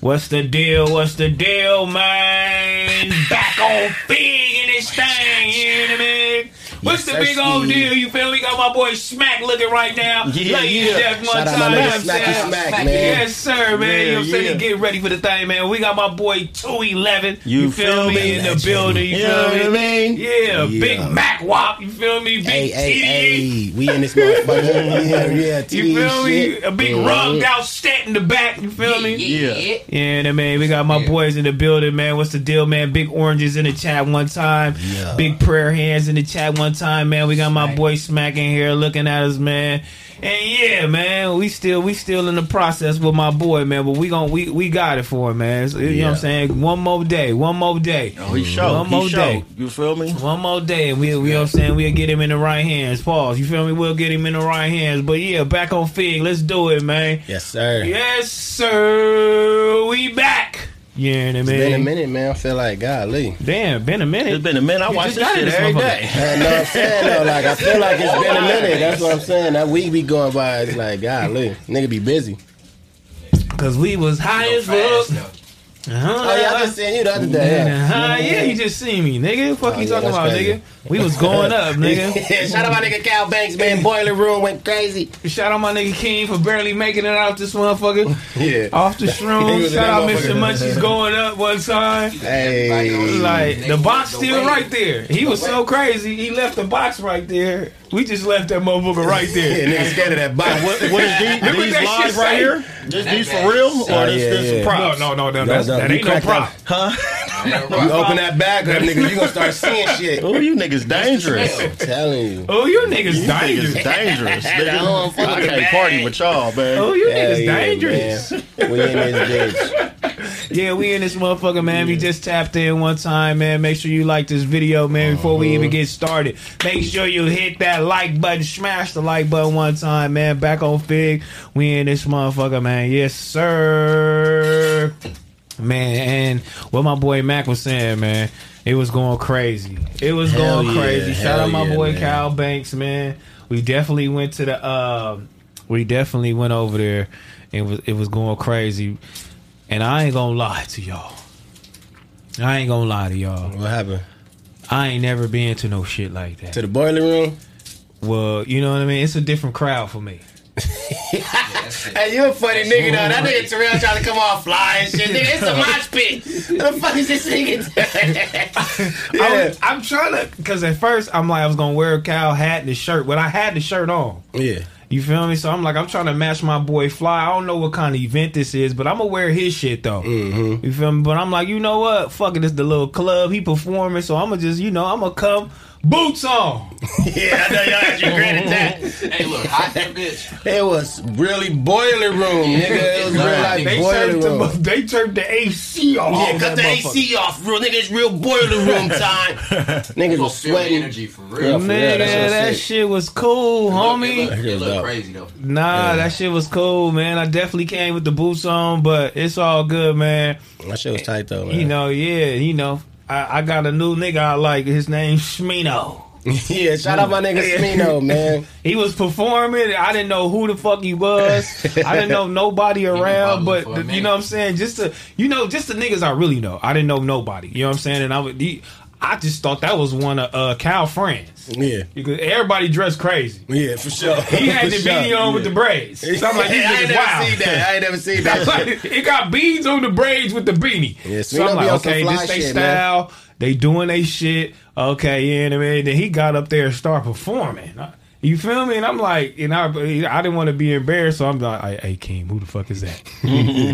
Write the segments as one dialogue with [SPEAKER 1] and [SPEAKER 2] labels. [SPEAKER 1] What's the deal? What's the deal, man? Back on big in this thing, you hear me? What's
[SPEAKER 2] Yes,
[SPEAKER 1] the big
[SPEAKER 2] sir,
[SPEAKER 1] old
[SPEAKER 2] Steve.
[SPEAKER 1] deal? You feel me? Got my boy Smack looking right now.
[SPEAKER 2] Yeah,
[SPEAKER 1] Lay you
[SPEAKER 2] yeah.
[SPEAKER 1] to death one
[SPEAKER 2] Shout
[SPEAKER 1] time.
[SPEAKER 2] out my
[SPEAKER 1] you know
[SPEAKER 2] nigga
[SPEAKER 1] what I'm
[SPEAKER 2] Smacky
[SPEAKER 1] saying?
[SPEAKER 2] Smack, man.
[SPEAKER 1] Yes, sir, man. you know what I'm
[SPEAKER 3] Yeah,
[SPEAKER 1] saying?
[SPEAKER 3] yeah.
[SPEAKER 1] Get ready for the thing, man. We got my boy 211. You, feel, me? In the
[SPEAKER 2] Legend.
[SPEAKER 1] building. You,
[SPEAKER 3] You
[SPEAKER 1] feel
[SPEAKER 3] know what I
[SPEAKER 1] me?
[SPEAKER 3] mean?
[SPEAKER 1] Yeah,
[SPEAKER 2] Yeah.
[SPEAKER 1] Big Mac Wop. You feel me? Big
[SPEAKER 2] Hey, hey,
[SPEAKER 1] TDE.
[SPEAKER 2] hey, we in this motherfucker. yeah, yeah, TV
[SPEAKER 1] You feel me?
[SPEAKER 2] shit.
[SPEAKER 1] A big rugged out stat in the back. You feel me?
[SPEAKER 3] Yeah.
[SPEAKER 1] Yeah, and, uh, man, we got my boys in the building, man. What's the deal, man? Big oranges in the chat one time.
[SPEAKER 2] Yeah.
[SPEAKER 1] Big prayer hands in the chat one time, man. We got my boy Smack in here looking at us, man. And yeah, man, we still we still in the process with my boy, man. But we gon' we we got it for him, man. So, You know what I'm
[SPEAKER 2] Yeah.
[SPEAKER 1] saying? One more day, one more day,
[SPEAKER 3] Oh, he showed.
[SPEAKER 1] One
[SPEAKER 3] he
[SPEAKER 1] more
[SPEAKER 3] showed.
[SPEAKER 1] day.
[SPEAKER 3] You feel me?
[SPEAKER 1] one more day, and we we know what I'm saying we'll get him in the right hands. Pause. You feel me? We'll get him in the right hands. But yeah, back on Fig, let's do it, man.
[SPEAKER 2] Yes, sir.
[SPEAKER 1] Yes, sir. We back. Yeah, man.
[SPEAKER 2] It's been a minute, man. I feel like, golly.
[SPEAKER 1] Damn, been a minute.
[SPEAKER 3] It's been a minute. I
[SPEAKER 1] You
[SPEAKER 3] watch
[SPEAKER 1] just
[SPEAKER 3] this
[SPEAKER 1] got in
[SPEAKER 3] shit
[SPEAKER 1] this
[SPEAKER 3] every
[SPEAKER 1] motherfucker.
[SPEAKER 3] day.
[SPEAKER 2] I know what I'm saying, though. Like, I feel like it's been a minute. That's what I'm saying. That week be going by, it's like, golly. Nigga be busy.
[SPEAKER 1] Cause we was high as fuck. Uh-huh.
[SPEAKER 2] Oh, yeah, I just seen you the other day.
[SPEAKER 1] yeah.
[SPEAKER 2] Yeah.
[SPEAKER 1] Uh-huh. yeah, you just seen me, nigga. Fuck
[SPEAKER 2] Oh,
[SPEAKER 1] you
[SPEAKER 2] yeah,
[SPEAKER 1] talking
[SPEAKER 2] that's
[SPEAKER 1] about,
[SPEAKER 2] crazy.
[SPEAKER 1] nigga? We was going up, nigga.
[SPEAKER 2] Shout out my nigga Cal Banks, man. Boiler Room went crazy.
[SPEAKER 1] Shout out my nigga King for barely making it out this motherfucker.
[SPEAKER 2] Yeah.
[SPEAKER 1] Off the
[SPEAKER 2] He
[SPEAKER 1] shrooms.
[SPEAKER 2] was in
[SPEAKER 1] Shout out
[SPEAKER 2] that
[SPEAKER 1] Mr.
[SPEAKER 2] motherfucker.
[SPEAKER 1] Munchies going up one time.
[SPEAKER 2] Hey.
[SPEAKER 1] Like the box still right there. He was so crazy. He left the box right there. We just left that motherfucker right
[SPEAKER 2] Yeah,
[SPEAKER 1] there.
[SPEAKER 2] nigga scared of that box.
[SPEAKER 3] What, what is
[SPEAKER 1] Look
[SPEAKER 3] these,
[SPEAKER 1] what
[SPEAKER 3] these
[SPEAKER 1] that
[SPEAKER 3] live
[SPEAKER 1] shit
[SPEAKER 3] right
[SPEAKER 1] say.
[SPEAKER 3] here? This these for real or
[SPEAKER 2] Oh,
[SPEAKER 3] this
[SPEAKER 2] yeah,
[SPEAKER 3] this
[SPEAKER 2] yeah.
[SPEAKER 1] No,
[SPEAKER 3] props?
[SPEAKER 1] no, no, no,
[SPEAKER 2] No,
[SPEAKER 1] that's,
[SPEAKER 2] no,
[SPEAKER 1] that
[SPEAKER 2] you
[SPEAKER 1] ain't no
[SPEAKER 2] cracked
[SPEAKER 1] prop.
[SPEAKER 2] You open that bag up, nigga, you gonna start seeing shit.
[SPEAKER 3] Oh, you niggas dangerous.
[SPEAKER 2] I'm telling you.
[SPEAKER 1] Oh, you niggas
[SPEAKER 3] You
[SPEAKER 1] dangerous.
[SPEAKER 3] niggas dangerous.
[SPEAKER 2] don't
[SPEAKER 3] Nigga.
[SPEAKER 2] fuck
[SPEAKER 3] I
[SPEAKER 2] with
[SPEAKER 3] can't
[SPEAKER 2] that.
[SPEAKER 3] party with y'all, man.
[SPEAKER 1] Oh, you
[SPEAKER 2] Hell
[SPEAKER 1] niggas
[SPEAKER 2] yeah,
[SPEAKER 1] dangerous.
[SPEAKER 2] man. We in this bitch.
[SPEAKER 1] Yeah, we in this motherfucker, man. We just tapped in one time, man. Make sure you like this video, man, before we
[SPEAKER 2] Uh-huh.
[SPEAKER 1] even get started. Make sure you hit that like button, smash the like button one time, man. Back on Fig. We in this motherfucker, man. Yes, sir. Man, and what my boy Mac was saying, man, it was going crazy. It was
[SPEAKER 2] Hell
[SPEAKER 1] going
[SPEAKER 2] yeah,
[SPEAKER 1] crazy. Shout
[SPEAKER 2] hell
[SPEAKER 1] out my
[SPEAKER 2] yeah,
[SPEAKER 1] boy
[SPEAKER 2] man.
[SPEAKER 1] Kyle Banks, man. We definitely went to the uh, we definitely went over there and was it was going crazy. And I ain't gonna lie to y'all. I ain't gonna lie to y'all.
[SPEAKER 2] What happened?
[SPEAKER 1] I ain't never been to no shit like that.
[SPEAKER 2] To the boiler room?
[SPEAKER 1] Well, you know what I mean? It's a different crowd for me.
[SPEAKER 2] Hey, you a funny nigga though. That nigga Terrell trying to come off fly and shit. Nigga, it's a mosh pit. What the fuck is this nigga? doing?
[SPEAKER 1] I
[SPEAKER 2] yeah.
[SPEAKER 1] was, I'm trying to, because at first I'm like, I was gonna wear a cow hat and a shirt, but I had the shirt on.
[SPEAKER 2] yeah.
[SPEAKER 1] You feel me? So I'm like, I'm trying to match my boy Fly. I don't know what kind of event this is, but I'm gonna wear his shit though.
[SPEAKER 2] Mm-hmm.
[SPEAKER 1] You feel me? But I'm like, you know what? Fuck it, it's the little club he performing, so I'm gonna just, you know, I'm gonna come boots on.
[SPEAKER 2] Yeah, I know y'all had your granted that.
[SPEAKER 4] Hey, look, hot that bitch.
[SPEAKER 2] It was really boiler room, nigga. It was real like
[SPEAKER 1] They
[SPEAKER 2] boiler
[SPEAKER 1] turned the
[SPEAKER 2] room.
[SPEAKER 1] they turned the AC on.
[SPEAKER 2] Yeah, cut
[SPEAKER 1] that
[SPEAKER 2] the
[SPEAKER 1] motherfucker.
[SPEAKER 2] AC off, real nigga. It's real boiler room time. Niggas
[SPEAKER 4] You'll
[SPEAKER 2] was
[SPEAKER 4] feel the
[SPEAKER 2] sweating.
[SPEAKER 4] energy for real.
[SPEAKER 2] Yeah,
[SPEAKER 1] Nigga,
[SPEAKER 2] for real, that shit was
[SPEAKER 1] that
[SPEAKER 2] sick.
[SPEAKER 1] shit was cool, homie.
[SPEAKER 4] It look,
[SPEAKER 2] Here's
[SPEAKER 4] it
[SPEAKER 2] up.
[SPEAKER 4] look crazy though.
[SPEAKER 1] Nah, that shit was cool, man. I definitely came with the boots on, but it's all good, man.
[SPEAKER 2] That shit was tight though, man.
[SPEAKER 1] You know, yeah, you know, I, I got a new nigga I like. His name's Shmino.
[SPEAKER 2] yeah, shout out my nigga Smino, man.
[SPEAKER 1] He was performing. I didn't know who the fuck he was. I didn't know nobody around.
[SPEAKER 4] bubbling
[SPEAKER 1] But
[SPEAKER 4] for a
[SPEAKER 1] the- you
[SPEAKER 4] minute.
[SPEAKER 1] know what I'm saying? Just the you know, just the niggas I really know. I didn't know nobody. You know what I'm saying? And I would, he, I just thought that was one of uh, Cal friends.
[SPEAKER 2] Yeah.
[SPEAKER 1] Because everybody dressed crazy.
[SPEAKER 2] Yeah, for sure.
[SPEAKER 1] He had
[SPEAKER 2] For
[SPEAKER 1] the
[SPEAKER 2] sure.
[SPEAKER 1] beanie on with the braids. So I'm like, these
[SPEAKER 2] Yeah, I
[SPEAKER 1] niggas
[SPEAKER 2] ain't never
[SPEAKER 1] wild.
[SPEAKER 2] seen that. I ain't never seen that. shit.
[SPEAKER 1] Like, it got beads on the braids with the beanie.
[SPEAKER 2] Yeah, Smino
[SPEAKER 1] so I'm
[SPEAKER 2] be
[SPEAKER 1] like,
[SPEAKER 2] on some
[SPEAKER 1] okay,
[SPEAKER 2] fly
[SPEAKER 1] this they
[SPEAKER 2] shit, man.
[SPEAKER 1] style. They doing they shit. Okay, yeah, and I mean, then he got up there and started performing. You feel me? And I'm like, and I, I didn't want to be embarrassed, so I'm like, hey, hey Keem, who the fuck is that?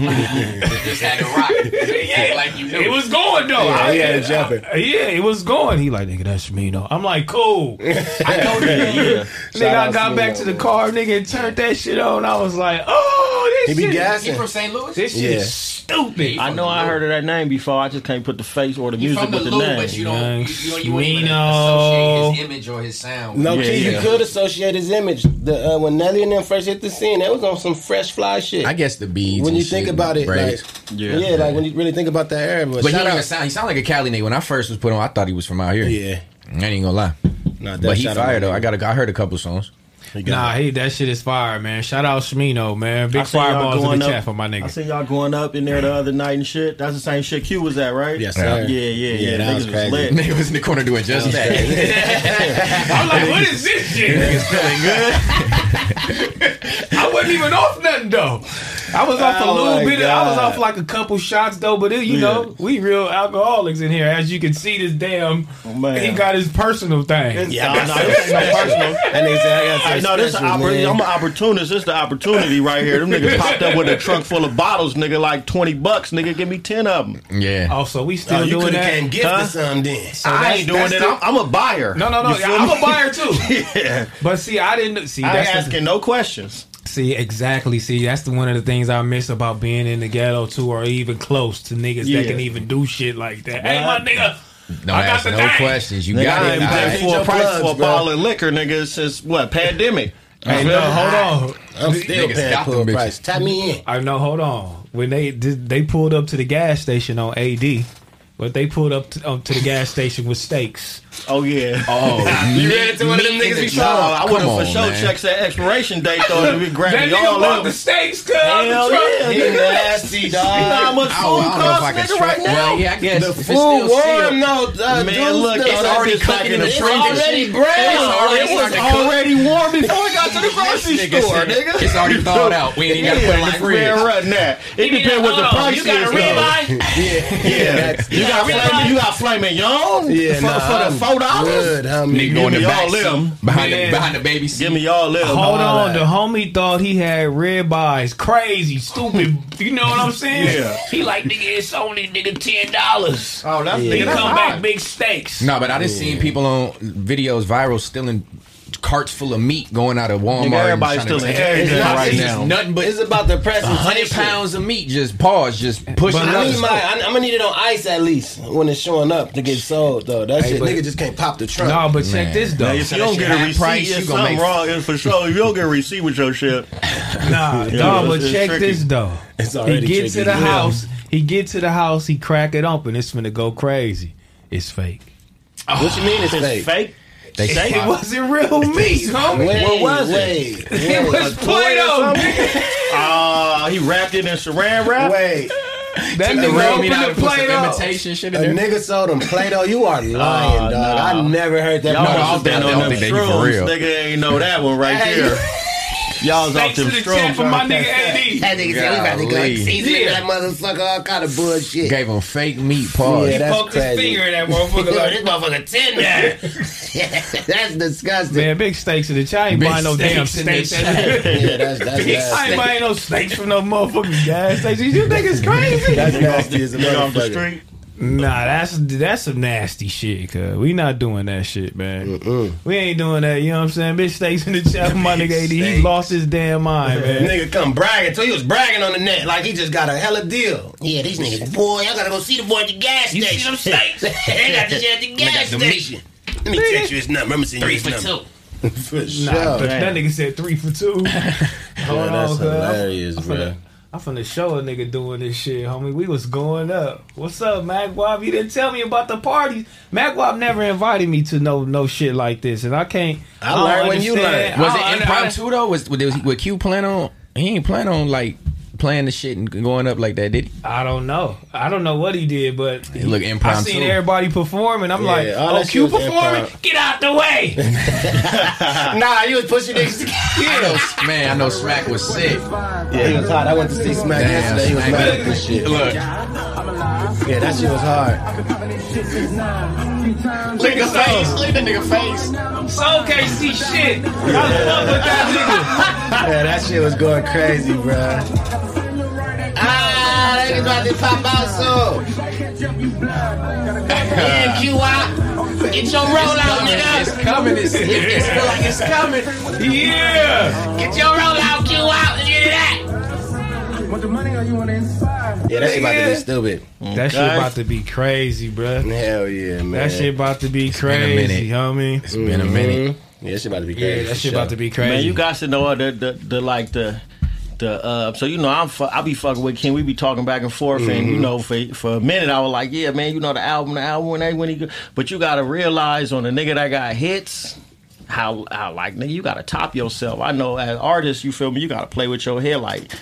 [SPEAKER 4] Just had to rock. yeah. Like you knew.
[SPEAKER 1] It was going though.
[SPEAKER 2] Yeah,
[SPEAKER 1] I-
[SPEAKER 2] he had it jumping.
[SPEAKER 1] I- Uh, yeah, it was going. He like, nigga, that's Smino. I'm like, cool. I know that. Nigga,
[SPEAKER 2] Shout
[SPEAKER 1] I
[SPEAKER 2] out
[SPEAKER 1] got back
[SPEAKER 2] Smino,
[SPEAKER 1] to the
[SPEAKER 2] man.
[SPEAKER 1] car, nigga, and turned that shit on. I was like, oh,
[SPEAKER 2] He
[SPEAKER 1] this
[SPEAKER 2] be
[SPEAKER 1] shit,
[SPEAKER 4] He
[SPEAKER 2] gassing.
[SPEAKER 4] from St. Louis?
[SPEAKER 1] this shit
[SPEAKER 2] Yeah.
[SPEAKER 1] is stupid.
[SPEAKER 4] Yeah,
[SPEAKER 3] I know I heard of that name before. I just can't put the face or the
[SPEAKER 4] He
[SPEAKER 3] music
[SPEAKER 4] from the
[SPEAKER 3] with the
[SPEAKER 4] Lou,
[SPEAKER 3] name.
[SPEAKER 4] but you don't. You, you, don't- you wouldn't even
[SPEAKER 1] Smino.
[SPEAKER 4] associate his image or his sound.
[SPEAKER 2] No,
[SPEAKER 3] Yeah,
[SPEAKER 2] kid,
[SPEAKER 3] yeah.
[SPEAKER 2] you could associate his image. The uh, when Nelly and them first hit the scene, that was on some fresh fly shit.
[SPEAKER 5] I guess the beads.
[SPEAKER 2] when
[SPEAKER 5] and
[SPEAKER 2] you
[SPEAKER 5] shit
[SPEAKER 2] think
[SPEAKER 5] and
[SPEAKER 2] about it,
[SPEAKER 5] braids.
[SPEAKER 2] like
[SPEAKER 3] Yeah.
[SPEAKER 2] yeah, like when you really think about that era. But,
[SPEAKER 5] but he
[SPEAKER 2] shout
[SPEAKER 5] don't even
[SPEAKER 2] out,
[SPEAKER 5] sound. He sound like a Cali nigga. When I first was put on, I thought he was from out here.
[SPEAKER 2] yeah,
[SPEAKER 5] I ain't gonna lie.
[SPEAKER 2] Nah, that
[SPEAKER 5] But he
[SPEAKER 2] shout out
[SPEAKER 5] fired
[SPEAKER 2] my
[SPEAKER 5] though. I
[SPEAKER 2] nigga.
[SPEAKER 5] got. A, I heard a couple songs.
[SPEAKER 3] He got
[SPEAKER 1] Nah,
[SPEAKER 3] it.
[SPEAKER 1] he that shit is fire, man. Shout out Shmino, man.
[SPEAKER 3] I
[SPEAKER 1] Big
[SPEAKER 3] seen y'all
[SPEAKER 1] fireballs in
[SPEAKER 3] going
[SPEAKER 1] the
[SPEAKER 3] up-
[SPEAKER 1] chat for my
[SPEAKER 3] I
[SPEAKER 1] nigga.
[SPEAKER 3] seen y'all going up in there the other night and shit. That's the same shit Q was at, right?
[SPEAKER 4] Yes,
[SPEAKER 3] yeah,
[SPEAKER 4] sir.
[SPEAKER 3] yeah, yeah, yeah.
[SPEAKER 4] that was
[SPEAKER 3] Niggas
[SPEAKER 4] crazy.
[SPEAKER 3] lit.
[SPEAKER 4] Nigga was in the corner doing just that.
[SPEAKER 1] I'm like, what is this shit?
[SPEAKER 4] Niggas feeling good.
[SPEAKER 1] I wasn't even off nothing though. I was off a
[SPEAKER 3] Oh,
[SPEAKER 1] little
[SPEAKER 3] my
[SPEAKER 1] bit. Of, I was
[SPEAKER 3] God.
[SPEAKER 1] off like a couple shots though. But it, you
[SPEAKER 3] Yeah.
[SPEAKER 1] know, we real alcoholics in here, as you can see. This damn,
[SPEAKER 3] Oh, man.
[SPEAKER 1] he got his personal thing.
[SPEAKER 3] Yeah, no, no, this ain't no personal.
[SPEAKER 2] That nigga said, I got
[SPEAKER 3] Hey,
[SPEAKER 2] something
[SPEAKER 3] no, this
[SPEAKER 2] special,
[SPEAKER 3] oppor-
[SPEAKER 2] man.
[SPEAKER 3] I'm an opportunist. This the opportunity right here. Them niggas popped up with a trunk full of bottles, nigga, like twenty bucks, nigga. Give me ten of them.
[SPEAKER 4] Yeah.
[SPEAKER 1] Also, we still
[SPEAKER 2] Oh, you
[SPEAKER 1] doing
[SPEAKER 2] could have
[SPEAKER 1] that.
[SPEAKER 2] came gift
[SPEAKER 3] Huh?
[SPEAKER 2] or something then.
[SPEAKER 3] I ain't doing
[SPEAKER 2] that's
[SPEAKER 3] it.
[SPEAKER 2] the-
[SPEAKER 3] I'm, I'm a buyer.
[SPEAKER 1] No, no, no.
[SPEAKER 3] You feel
[SPEAKER 1] I'm a
[SPEAKER 3] me?
[SPEAKER 1] buyer too.
[SPEAKER 3] yeah,
[SPEAKER 1] But see, I didn't see.
[SPEAKER 3] I ain't
[SPEAKER 1] That's the,
[SPEAKER 3] asking no questions.
[SPEAKER 1] see exactly. See, that's the one of the things I miss about being in the ghetto too, or even close to niggas
[SPEAKER 3] Yeah.
[SPEAKER 1] that can even do shit like that. Hey, my nigga.
[SPEAKER 4] Don't
[SPEAKER 1] I got
[SPEAKER 4] ask
[SPEAKER 1] the
[SPEAKER 4] no
[SPEAKER 1] thing.
[SPEAKER 4] questions. You
[SPEAKER 3] Nigga,
[SPEAKER 4] got
[SPEAKER 3] I
[SPEAKER 4] it.
[SPEAKER 3] ain't
[SPEAKER 4] All
[SPEAKER 3] paid
[SPEAKER 4] right.
[SPEAKER 2] Need
[SPEAKER 3] full
[SPEAKER 2] your
[SPEAKER 3] price
[SPEAKER 2] plugs,
[SPEAKER 3] for a
[SPEAKER 2] bro.
[SPEAKER 3] bottle of liquor, nigga, since what pandemic.
[SPEAKER 1] Hey, no, hold on.
[SPEAKER 2] I'm still
[SPEAKER 4] Niggas
[SPEAKER 2] paying
[SPEAKER 4] got
[SPEAKER 2] full
[SPEAKER 4] them bitches.
[SPEAKER 2] price. Tap me in.
[SPEAKER 1] I know. Hold on. When they did, they pulled up to the gas station on AD, but they pulled up to, up to the gas station with steaks.
[SPEAKER 3] Oh yeah.
[SPEAKER 4] Oh,
[SPEAKER 2] You ran into one of them
[SPEAKER 4] me
[SPEAKER 2] niggas
[SPEAKER 4] in
[SPEAKER 2] we
[SPEAKER 4] the
[SPEAKER 3] No,
[SPEAKER 2] saw.
[SPEAKER 4] job.
[SPEAKER 3] I
[SPEAKER 4] Come
[SPEAKER 3] would have for
[SPEAKER 4] on,
[SPEAKER 3] sure
[SPEAKER 4] man.
[SPEAKER 3] checked that expiration date though, and we grabbed it all up.
[SPEAKER 1] steaks, cuz.
[SPEAKER 3] Hell yeah.
[SPEAKER 2] He nasty,
[SPEAKER 3] You know how
[SPEAKER 2] dog.
[SPEAKER 3] much food
[SPEAKER 4] Oh, I don't know
[SPEAKER 3] costs,
[SPEAKER 4] if I can
[SPEAKER 3] nigga,
[SPEAKER 4] stretch.
[SPEAKER 3] right now?
[SPEAKER 4] Well, yeah, I guess
[SPEAKER 2] The
[SPEAKER 4] if it's
[SPEAKER 2] food
[SPEAKER 4] still
[SPEAKER 2] warm,
[SPEAKER 4] sealed,
[SPEAKER 2] no. Uh,
[SPEAKER 3] Man,
[SPEAKER 2] juice,
[SPEAKER 3] look,
[SPEAKER 2] no,
[SPEAKER 3] it's
[SPEAKER 2] that
[SPEAKER 3] already
[SPEAKER 2] bitch
[SPEAKER 3] cooking in the
[SPEAKER 2] It's
[SPEAKER 3] freezer.
[SPEAKER 2] already brown.
[SPEAKER 4] It was
[SPEAKER 2] It
[SPEAKER 4] already
[SPEAKER 2] was
[SPEAKER 4] starting to cook.
[SPEAKER 2] already warm before it got to the grocery
[SPEAKER 4] This nigga
[SPEAKER 2] store,
[SPEAKER 4] said,
[SPEAKER 2] nigga.
[SPEAKER 4] It's already thawed out. We ain't even got to put it in the
[SPEAKER 3] like man,
[SPEAKER 4] fridge.
[SPEAKER 3] run that. It depends what the price
[SPEAKER 6] You
[SPEAKER 3] is.
[SPEAKER 6] got a
[SPEAKER 3] though.
[SPEAKER 6] ribeye?
[SPEAKER 3] Yeah, you got flaming. You got flaming young. for, for the four dollars.
[SPEAKER 2] Good, homie.
[SPEAKER 4] Nigga
[SPEAKER 3] Give
[SPEAKER 4] going
[SPEAKER 3] me
[SPEAKER 4] to
[SPEAKER 3] all
[SPEAKER 4] back
[SPEAKER 3] them.
[SPEAKER 4] seat, behind
[SPEAKER 1] Man.
[SPEAKER 4] the behind the baby seat.
[SPEAKER 3] Give me all them.
[SPEAKER 1] Hold
[SPEAKER 2] all
[SPEAKER 1] on,
[SPEAKER 2] that.
[SPEAKER 1] the homie thought he had red eyes. Crazy, stupid. you know what I'm saying?
[SPEAKER 3] Yeah.
[SPEAKER 6] He like, nigga, it's only nigga ten dollars.
[SPEAKER 3] Oh, that's
[SPEAKER 6] He
[SPEAKER 3] nigga. That's
[SPEAKER 6] come
[SPEAKER 3] hot.
[SPEAKER 6] back big steaks.
[SPEAKER 4] No, but I didn't see people on videos viral stealing carts full of meat going out of
[SPEAKER 3] Nigga,
[SPEAKER 4] Walmart. and
[SPEAKER 3] everybody's
[SPEAKER 4] trying to-
[SPEAKER 3] still in everything
[SPEAKER 4] It's
[SPEAKER 3] right
[SPEAKER 4] just
[SPEAKER 3] now.
[SPEAKER 4] Nothing but
[SPEAKER 2] It's about the
[SPEAKER 4] hundred
[SPEAKER 2] presentation.
[SPEAKER 4] pounds of meat. Just pause. Just push it.
[SPEAKER 2] I
[SPEAKER 4] out.
[SPEAKER 2] need my. I, I'm gonna need it on ice at least when it's showing up to get sold though. That shit,
[SPEAKER 1] but-
[SPEAKER 2] nigga, just can't pop the trunk.
[SPEAKER 1] No, but check
[SPEAKER 4] Man.
[SPEAKER 1] this though.
[SPEAKER 3] Now, if you don't get a
[SPEAKER 4] Half
[SPEAKER 3] receipt,
[SPEAKER 4] price,
[SPEAKER 3] it's
[SPEAKER 4] you gonna
[SPEAKER 3] something
[SPEAKER 4] make-
[SPEAKER 3] wrong. It's for sure. If you don't get a receipt with your shit,
[SPEAKER 1] Nah,
[SPEAKER 3] Yeah,
[SPEAKER 1] dog,
[SPEAKER 3] it's-
[SPEAKER 1] but
[SPEAKER 3] it's
[SPEAKER 1] check
[SPEAKER 3] tricky.
[SPEAKER 1] this though.
[SPEAKER 2] It's already
[SPEAKER 1] he gets to
[SPEAKER 2] tricky,
[SPEAKER 1] the
[SPEAKER 2] yeah.
[SPEAKER 1] house. He get to the house. He crack it open. It's finna go crazy. It's fake.
[SPEAKER 2] what you mean it's
[SPEAKER 3] it's
[SPEAKER 2] fake?
[SPEAKER 3] fake.
[SPEAKER 4] They
[SPEAKER 1] It
[SPEAKER 4] say
[SPEAKER 1] wasn't real meat, homie.
[SPEAKER 2] Wait,
[SPEAKER 3] What was it?
[SPEAKER 2] wait, it?
[SPEAKER 1] It
[SPEAKER 2] Wait,
[SPEAKER 1] was Play-Doh.
[SPEAKER 3] Ah, he wrapped it in saran wrap.
[SPEAKER 2] wait.
[SPEAKER 1] That nigga
[SPEAKER 4] the real meat
[SPEAKER 1] opened
[SPEAKER 4] out and
[SPEAKER 1] the
[SPEAKER 4] put some
[SPEAKER 1] Play-Doh.
[SPEAKER 4] imitation shit
[SPEAKER 2] A
[SPEAKER 4] in there.
[SPEAKER 2] nigga sold him Play-Doh. You are lying, dog.
[SPEAKER 3] nah.
[SPEAKER 2] I never heard that.
[SPEAKER 3] Y'all
[SPEAKER 4] No,
[SPEAKER 2] before.
[SPEAKER 4] I
[SPEAKER 3] must have been
[SPEAKER 4] don't
[SPEAKER 3] on them
[SPEAKER 4] think they for
[SPEAKER 3] shrooms,
[SPEAKER 4] real.
[SPEAKER 3] nigga. Ain't know that one right
[SPEAKER 2] Hey.
[SPEAKER 3] there. Y'all was off
[SPEAKER 1] Thanks to
[SPEAKER 3] them
[SPEAKER 1] the chat for my
[SPEAKER 3] shrooms.
[SPEAKER 1] nigga AD.
[SPEAKER 2] That nigga said we about to go
[SPEAKER 4] Golly.
[SPEAKER 2] season
[SPEAKER 1] Yeah.
[SPEAKER 2] that motherfucker all kind of bullshit.
[SPEAKER 4] Gave them fake meat. Pause.
[SPEAKER 2] Yeah, that- That's
[SPEAKER 1] Poked his
[SPEAKER 2] crazy.
[SPEAKER 1] finger in that motherfucker.
[SPEAKER 2] Yo,
[SPEAKER 1] like,
[SPEAKER 2] this motherfucker tender. that's disgusting.
[SPEAKER 1] Man, big steaks in the chat. I ain't
[SPEAKER 4] Big
[SPEAKER 1] buying no damn
[SPEAKER 4] steaks in
[SPEAKER 1] steaks.
[SPEAKER 4] the
[SPEAKER 1] I
[SPEAKER 2] Yeah, that's that's
[SPEAKER 1] ain't
[SPEAKER 2] nasty.
[SPEAKER 1] buying no steaks from no motherfucking gas station. You think it's crazy?
[SPEAKER 2] That's nasty as a
[SPEAKER 3] Nigga off the
[SPEAKER 2] motherfucker.
[SPEAKER 3] street.
[SPEAKER 1] nah, that's that's some nasty shit. Cause we not doing that shit, man.
[SPEAKER 2] Mm.
[SPEAKER 1] We ain't doing that. You know what I'm saying? Big steaks in the chat. My nigga, AD, he
[SPEAKER 2] steaks.
[SPEAKER 1] lost his damn mind, man.
[SPEAKER 2] Nigga come bragging. So he was bragging on the net like he just got a hella deal.
[SPEAKER 6] Yeah, these niggas, boy, I gotta go see the boy at the gas station. You see them steaks? they got the shit at the gas
[SPEAKER 4] the meat.
[SPEAKER 6] station.
[SPEAKER 2] Let me text you his number. I'm gonna send you
[SPEAKER 6] Three
[SPEAKER 2] his
[SPEAKER 6] for
[SPEAKER 2] number.
[SPEAKER 6] two.
[SPEAKER 2] For
[SPEAKER 1] Nah, but that nigga said three for two. Hold
[SPEAKER 2] Yeah, that's
[SPEAKER 1] on, cuz. I'm-
[SPEAKER 2] hilarious,
[SPEAKER 1] I'm
[SPEAKER 2] bro.
[SPEAKER 1] finna- I'm finna show a nigga doing this shit, homie. We was going up. What's up, Magwab? You didn't tell me about the parties. Magwab never invited me to no no shit like this, and I can't.
[SPEAKER 2] I learned when you learned.
[SPEAKER 4] Was
[SPEAKER 1] I don't
[SPEAKER 4] it
[SPEAKER 1] under- I-
[SPEAKER 4] impromptu though? Was was, was Q plan on? He ain't plan on like playing the shit and going up like that, did he?
[SPEAKER 1] I don't know. I don't know what he did, but
[SPEAKER 4] It looked
[SPEAKER 1] I
[SPEAKER 4] impromptu.
[SPEAKER 1] seen everybody perform, and I'm like,
[SPEAKER 2] all
[SPEAKER 1] oh,
[SPEAKER 2] that
[SPEAKER 1] Q
[SPEAKER 2] shit was
[SPEAKER 1] performing?
[SPEAKER 2] improv.
[SPEAKER 1] Get out the way!
[SPEAKER 2] Nah, you was pushing niggas together.
[SPEAKER 4] I know, man, I know Smack was sick.
[SPEAKER 2] Yeah, he was hot. I went to see Smack
[SPEAKER 4] Damn,
[SPEAKER 2] yesterday. He was
[SPEAKER 4] Smack.
[SPEAKER 2] mad at this shit.
[SPEAKER 4] Look,
[SPEAKER 2] Yeah, that shit was hard.
[SPEAKER 4] look at face, look at the nigga face.
[SPEAKER 1] Soul can't see shit. I love with that
[SPEAKER 2] Yeah, that shit was going crazy, bro. Ah, that nigga about to pop out soon.
[SPEAKER 6] Yeah, Q out. uh, Get your roll out, nigga.
[SPEAKER 4] It's coming, it's, it, it's feel like it's coming.
[SPEAKER 1] nigga. Yeah.
[SPEAKER 6] Get your roll out, Q out. Let's get it out.
[SPEAKER 2] Yeah, that shit about to be
[SPEAKER 1] Nigga.
[SPEAKER 2] stupid.
[SPEAKER 1] That shit about to be crazy, bruh.
[SPEAKER 2] Hell yeah, man.
[SPEAKER 1] That shit about to be
[SPEAKER 4] been a
[SPEAKER 1] crazy,
[SPEAKER 4] minute.
[SPEAKER 1] homie.
[SPEAKER 4] It's been a minute.
[SPEAKER 2] Yeah, that shit about to be crazy.
[SPEAKER 1] Yeah, that
[SPEAKER 2] for
[SPEAKER 1] shit
[SPEAKER 2] sure.
[SPEAKER 1] about to be crazy.
[SPEAKER 3] Man, you guys should know the the, the like the. The, uh, so you know I'm fu- I be fucking with Ken. We be talking back and forth, and you know for for a minute I was like, yeah, man, you know the album, the album, when they when he, go-" but you gotta realize on a nigga that got hits, how how like nigga, you gotta top yourself. I know as artists, you feel me, you gotta play with your head like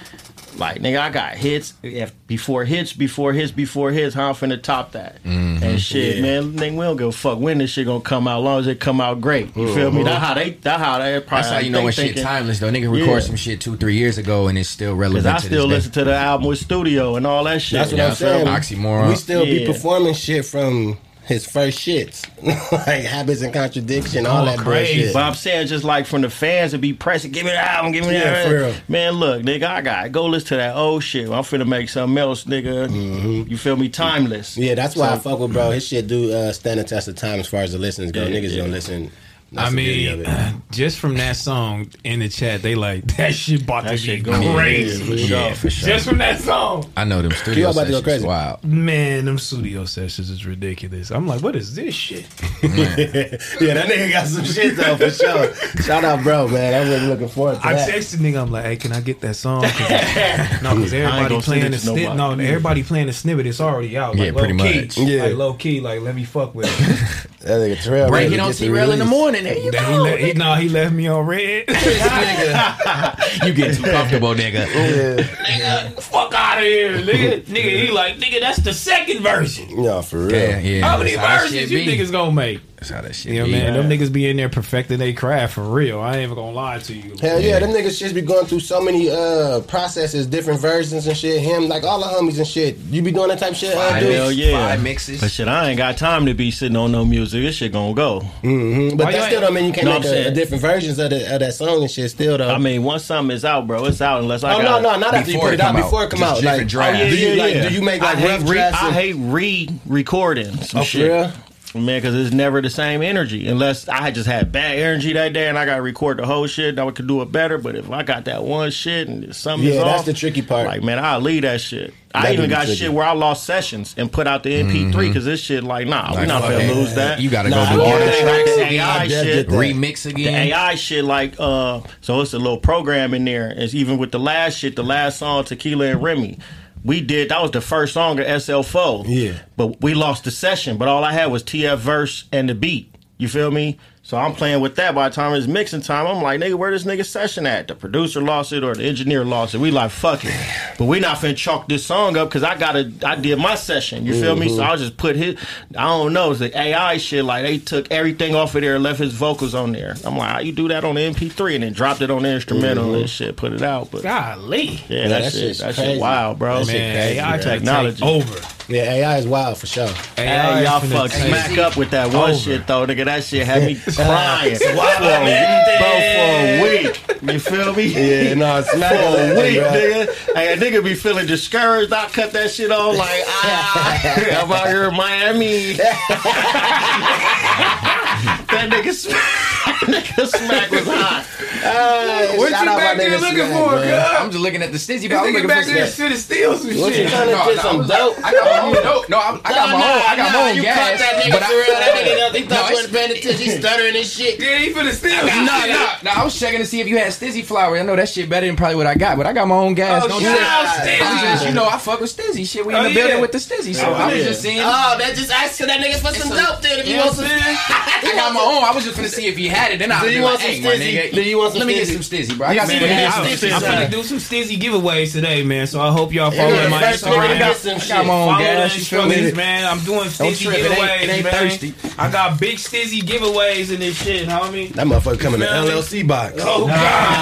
[SPEAKER 3] like nigga, I got hits if, before hits, before hits, before hits. How I'm finna top that
[SPEAKER 4] Mm-hmm.
[SPEAKER 3] and shit, man. Nigga, we don't give a fuck when this shit gonna come out. long as it come out great, you feel me? That how they, that how they. Probably
[SPEAKER 4] That's how you know
[SPEAKER 3] they
[SPEAKER 4] when shit
[SPEAKER 3] thinking.
[SPEAKER 4] timeless though. Nigga record
[SPEAKER 3] Yeah.
[SPEAKER 4] some shit two, three years ago and it's still relevant.
[SPEAKER 3] Cause I
[SPEAKER 4] to
[SPEAKER 3] still
[SPEAKER 4] this
[SPEAKER 3] listen to the album with studio and all that shit.
[SPEAKER 2] That's what
[SPEAKER 4] Yeah,
[SPEAKER 2] I'm saying.
[SPEAKER 4] oxymoron.
[SPEAKER 2] We still be
[SPEAKER 3] Yeah.
[SPEAKER 2] performing shit from his first shits, like habits and contradiction, all that
[SPEAKER 1] crazy.
[SPEAKER 2] bullshit.
[SPEAKER 3] But I'm saying just like from the fans to be pressing, give me the album, give me
[SPEAKER 2] Yeah,
[SPEAKER 3] that.
[SPEAKER 2] for real.
[SPEAKER 3] Man, look, nigga, I got it. go listen to that old shit. I'm finna make something else, nigga.
[SPEAKER 2] Mm-hmm.
[SPEAKER 3] You feel me? Timeless.
[SPEAKER 2] Yeah, that's why I fuck with bro. His shit do uh, stand the test of time as far as the listens go.
[SPEAKER 3] Yeah,
[SPEAKER 2] Niggas
[SPEAKER 3] yeah.
[SPEAKER 2] don't listen.
[SPEAKER 1] I
[SPEAKER 2] That's the beauty of
[SPEAKER 1] mean,
[SPEAKER 2] it.
[SPEAKER 1] just from that song in the chat, they like that shit about
[SPEAKER 3] That
[SPEAKER 1] to
[SPEAKER 3] shit
[SPEAKER 1] be
[SPEAKER 3] going
[SPEAKER 1] crazy.
[SPEAKER 4] Day. Yeah, for sure.
[SPEAKER 1] Just from that song,
[SPEAKER 4] I know them
[SPEAKER 2] You
[SPEAKER 4] studio
[SPEAKER 2] about to go
[SPEAKER 4] sessions.
[SPEAKER 2] crazy.
[SPEAKER 4] Wow.
[SPEAKER 1] man, them studio sessions is ridiculous. I'm like, what is this shit?
[SPEAKER 2] yeah, that nigga got some shit though for sure. Shout out, bro, man. I'm really looking forward to
[SPEAKER 1] I
[SPEAKER 2] that.
[SPEAKER 1] texted nigga, I'm like, hey, can I get that song? 'Cause- no, because everybody
[SPEAKER 3] gonna send
[SPEAKER 1] playing
[SPEAKER 3] it
[SPEAKER 1] the
[SPEAKER 3] to
[SPEAKER 1] snip. No,
[SPEAKER 3] nobody.
[SPEAKER 1] everybody playing the snippet. It's already out. Like,
[SPEAKER 4] Yeah, pretty
[SPEAKER 1] low key.
[SPEAKER 4] much.
[SPEAKER 1] Yeah,
[SPEAKER 2] Yeah.
[SPEAKER 1] like, low key. Like, let me fuck with it.
[SPEAKER 2] that nigga Terrell
[SPEAKER 4] Break
[SPEAKER 2] really
[SPEAKER 4] it on
[SPEAKER 2] gets the
[SPEAKER 4] T-Rail in the
[SPEAKER 2] release.
[SPEAKER 4] morning. There you
[SPEAKER 1] Then he,
[SPEAKER 4] go.
[SPEAKER 1] le- he, no, he left me on red.
[SPEAKER 4] You get too comfortable, nigga.
[SPEAKER 1] fuck out of here, nigga. nigga, he like, nigga, that's the second version.
[SPEAKER 2] No, for real.
[SPEAKER 4] Yeah, yeah.
[SPEAKER 1] How many
[SPEAKER 4] That's that shit
[SPEAKER 1] versions you
[SPEAKER 4] be.
[SPEAKER 1] niggas gonna make?
[SPEAKER 4] That's how that shit
[SPEAKER 1] You know,
[SPEAKER 4] be.
[SPEAKER 1] man, them niggas be in there perfecting their craft for real. I ain't even gonna lie to you.
[SPEAKER 2] Hell yeah. them niggas just be going through so many uh processes, different versions and shit. Him, like all the homies and shit. You be doing that type of shit, uh,
[SPEAKER 4] Five
[SPEAKER 2] dude.
[SPEAKER 3] Hell
[SPEAKER 4] mix-
[SPEAKER 3] yeah.
[SPEAKER 4] Five mixes.
[SPEAKER 3] But shit, I ain't got time to be sitting on no music. This shit gonna go.
[SPEAKER 2] Mm-hmm. But
[SPEAKER 1] Why you
[SPEAKER 2] that still
[SPEAKER 1] ain't-
[SPEAKER 2] don't mean you can't
[SPEAKER 3] No,
[SPEAKER 2] make
[SPEAKER 3] I'm
[SPEAKER 2] a- a
[SPEAKER 3] saying-
[SPEAKER 2] different versions of, the, of that song and shit. Still though.
[SPEAKER 3] I mean, once something is out, bro, it's out unless I
[SPEAKER 2] oh no,
[SPEAKER 3] got
[SPEAKER 2] no, not after you
[SPEAKER 4] Before
[SPEAKER 2] put it
[SPEAKER 4] it
[SPEAKER 2] out.
[SPEAKER 4] come out.
[SPEAKER 2] Before it come
[SPEAKER 4] Just
[SPEAKER 2] out,
[SPEAKER 4] different
[SPEAKER 2] like,
[SPEAKER 4] draft.
[SPEAKER 2] do you like, do you make like
[SPEAKER 3] I hate
[SPEAKER 2] rough
[SPEAKER 3] re-
[SPEAKER 2] drafts?
[SPEAKER 3] I
[SPEAKER 2] and-
[SPEAKER 3] hate re-recording some
[SPEAKER 2] Oh, for
[SPEAKER 3] shit.
[SPEAKER 2] real?
[SPEAKER 3] Man, because it's never the same energy. Unless I had just had bad energy that day and I got to record the whole shit, now I could do it better. But if I got that one shit and something
[SPEAKER 2] Yeah,
[SPEAKER 3] is
[SPEAKER 2] that's
[SPEAKER 3] off,
[SPEAKER 2] the tricky part.
[SPEAKER 3] Like, man, I'll leave that shit.
[SPEAKER 2] That
[SPEAKER 3] I even
[SPEAKER 2] do be
[SPEAKER 3] got
[SPEAKER 2] tricky. Mm-hmm.
[SPEAKER 3] shit where I lost sessions and put out the MP3 because this shit, like, nah, we
[SPEAKER 4] Like,
[SPEAKER 3] not
[SPEAKER 4] fuck
[SPEAKER 3] gonna
[SPEAKER 4] that.
[SPEAKER 3] lose that.
[SPEAKER 4] You gotta
[SPEAKER 2] Nah,
[SPEAKER 4] go do
[SPEAKER 2] I
[SPEAKER 4] all the
[SPEAKER 2] did
[SPEAKER 4] tracks
[SPEAKER 2] that.
[SPEAKER 4] again.
[SPEAKER 2] I
[SPEAKER 3] AI
[SPEAKER 2] did
[SPEAKER 3] shit.
[SPEAKER 2] that.
[SPEAKER 4] Remix
[SPEAKER 3] The
[SPEAKER 4] again.
[SPEAKER 3] AI shit, like, uh, so it's a little program in there. It's even with the last shit, the last song, Tequila and Remy. We did that was the first song of SL4.
[SPEAKER 2] Yeah.
[SPEAKER 3] But we lost the session, but all I had was TF verse and the beat. You feel me? So I'm playing with that. By the time it's mixing time, I'm like, nigga, where this nigga session at? The producer lost it or the engineer lost it. We like, fuck it. But we not finna chalk this song up because I gotta I did my session. You feel me? So
[SPEAKER 2] Mm-hmm.
[SPEAKER 3] I just put his I don't know, it's the AI shit. Like they took everything off of there and left his vocals on there. I'm like, how you do that on the MP3 and then dropped it on the instrumental and shit, put it out. But
[SPEAKER 1] Golly.
[SPEAKER 3] yeah,
[SPEAKER 2] Yeah,
[SPEAKER 3] that,
[SPEAKER 2] Mm-hmm. that
[SPEAKER 3] shit
[SPEAKER 2] shit's
[SPEAKER 3] that shit
[SPEAKER 2] crazy.
[SPEAKER 3] wild, bro.
[SPEAKER 2] That shit
[SPEAKER 1] Man,
[SPEAKER 2] crazy,
[SPEAKER 1] AI
[SPEAKER 2] bro.
[SPEAKER 1] technology
[SPEAKER 3] Technology.
[SPEAKER 1] over.
[SPEAKER 2] Yeah, AI is wild for sure.
[SPEAKER 1] AI
[SPEAKER 3] Hey, y'all
[SPEAKER 1] finna
[SPEAKER 3] fuck
[SPEAKER 1] take-
[SPEAKER 3] smack up with that one
[SPEAKER 1] Over.
[SPEAKER 3] shit though, nigga. That shit had me crying for, a week, bro, for a week. You feel me?
[SPEAKER 2] Yeah, no, it's not
[SPEAKER 3] For a
[SPEAKER 2] gonna
[SPEAKER 3] week,
[SPEAKER 2] happen, bro.
[SPEAKER 3] nigga. Hey, a nigga be feeling discouraged. I cut that shit off like, ah, I'm out here in Miami. that nigga, sm- nigga smack was hot.
[SPEAKER 2] Hey,
[SPEAKER 1] What
[SPEAKER 2] shout
[SPEAKER 1] you
[SPEAKER 2] out my
[SPEAKER 1] back there
[SPEAKER 2] nigga
[SPEAKER 1] looking
[SPEAKER 2] Smack,
[SPEAKER 1] for,
[SPEAKER 2] man.
[SPEAKER 1] girl?
[SPEAKER 4] I'm just looking at the stizzy, but
[SPEAKER 1] This
[SPEAKER 4] I'm
[SPEAKER 1] nigga
[SPEAKER 4] looking
[SPEAKER 1] back
[SPEAKER 4] for
[SPEAKER 1] there
[SPEAKER 4] some.
[SPEAKER 1] shit is still some
[SPEAKER 2] What you
[SPEAKER 1] shit.
[SPEAKER 2] trying to get some dope?
[SPEAKER 4] I got my own dope. No, I'm, I got my own. I got my own gas. but I,
[SPEAKER 2] he
[SPEAKER 4] No,
[SPEAKER 2] thought you
[SPEAKER 4] it's-
[SPEAKER 2] wasn't paying attention. He stuttering and shit.
[SPEAKER 1] Yeah, he finna steal.
[SPEAKER 4] No, no, no. I was checking to see if you had Stizzy flower. I know that shit better than probably what I got, but I got my own gas.
[SPEAKER 1] Oh,
[SPEAKER 4] no
[SPEAKER 1] shout
[SPEAKER 4] shit.
[SPEAKER 1] out Stizzy.
[SPEAKER 4] I'm just- you know, I fuck with Stizzy. Shit, we in
[SPEAKER 1] Oh,
[SPEAKER 4] the
[SPEAKER 1] yeah.
[SPEAKER 4] building with the Stizzy. So I was just seeing.
[SPEAKER 2] Oh, that just asking that nigga for some dope, dude. If you
[SPEAKER 4] Yeah,
[SPEAKER 2] want some,
[SPEAKER 4] I'm saying? I got my own. I was just gonna see if he had it. Then I
[SPEAKER 2] Do
[SPEAKER 4] was
[SPEAKER 2] you
[SPEAKER 4] like,
[SPEAKER 2] want some
[SPEAKER 4] hey, my
[SPEAKER 2] Stizzy?
[SPEAKER 4] nigga.
[SPEAKER 2] Do you want some
[SPEAKER 4] Let me get
[SPEAKER 2] Stizzy?
[SPEAKER 4] some Stizzy, bro. I got some
[SPEAKER 1] Man,
[SPEAKER 4] gas.
[SPEAKER 1] I'm,
[SPEAKER 2] Stizzy
[SPEAKER 1] I'm
[SPEAKER 2] side.
[SPEAKER 1] finna do some Stizzy giveaways today, man. So I hope y'all follow
[SPEAKER 2] Yeah,
[SPEAKER 1] my
[SPEAKER 2] first nigga to
[SPEAKER 1] Instagram.
[SPEAKER 2] get some
[SPEAKER 4] I got my
[SPEAKER 2] shit.
[SPEAKER 4] own
[SPEAKER 1] Follow the
[SPEAKER 4] gas. You feel me?
[SPEAKER 1] instructions, man. I'm doing Stizzy
[SPEAKER 4] trip, it ain't-
[SPEAKER 1] giveaways,
[SPEAKER 4] it ain't
[SPEAKER 1] man.
[SPEAKER 4] thirsty.
[SPEAKER 1] I got big Stizzy giveaways in this shit, homie.
[SPEAKER 2] That motherfucker coming
[SPEAKER 1] Man.
[SPEAKER 2] box.
[SPEAKER 1] Oh God!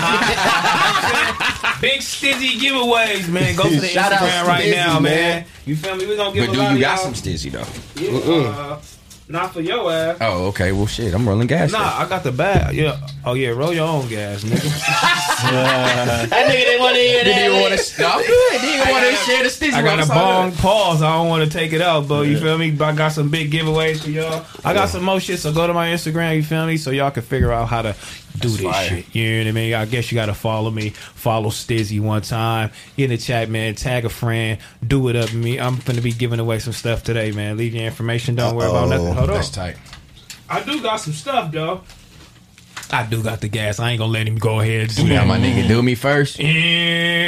[SPEAKER 1] Big Stizzy giveaways, man. Go to the
[SPEAKER 2] Shout out
[SPEAKER 1] Instagram right
[SPEAKER 2] Stizzy,
[SPEAKER 1] now, man.
[SPEAKER 2] man.
[SPEAKER 1] You feel me? We gonna give a
[SPEAKER 4] But do
[SPEAKER 1] lot
[SPEAKER 4] you
[SPEAKER 1] of
[SPEAKER 4] got
[SPEAKER 1] y'all.
[SPEAKER 4] some Stizzy though?
[SPEAKER 1] Yeah, uh, not for your ass.
[SPEAKER 4] Oh, okay. Well, shit. I'm rolling gas. then.
[SPEAKER 1] Nah, I got the bag. Yeah. Oh yeah, roll your own gas, nigga.
[SPEAKER 2] That nigga didn't want to hear
[SPEAKER 4] Didn't even want
[SPEAKER 2] that.
[SPEAKER 4] to. No, I'm good. Didn't even want to share the Stizzy.
[SPEAKER 1] I got a
[SPEAKER 4] bro. It's all
[SPEAKER 1] bong
[SPEAKER 4] good.
[SPEAKER 1] pause. I don't want to take it out, but you feel me? But I got some big giveaways for y'all. I got some more shit, so go to my Instagram. You feel me? So y'all can figure out how to do this shit. You know what I mean? I guess you got to follow me. Follow Stizzy one time. Get in the chat, man. Tag a friend. Do it up, me. I'm gonna be giving away some stuff today, man. Leave your information. Don't worry about nothing. Hold on.
[SPEAKER 4] That's tight.
[SPEAKER 1] I do got some stuff, though. I do got the gas. I ain't gonna let him go ahead.
[SPEAKER 4] Now my nigga do me first.
[SPEAKER 1] You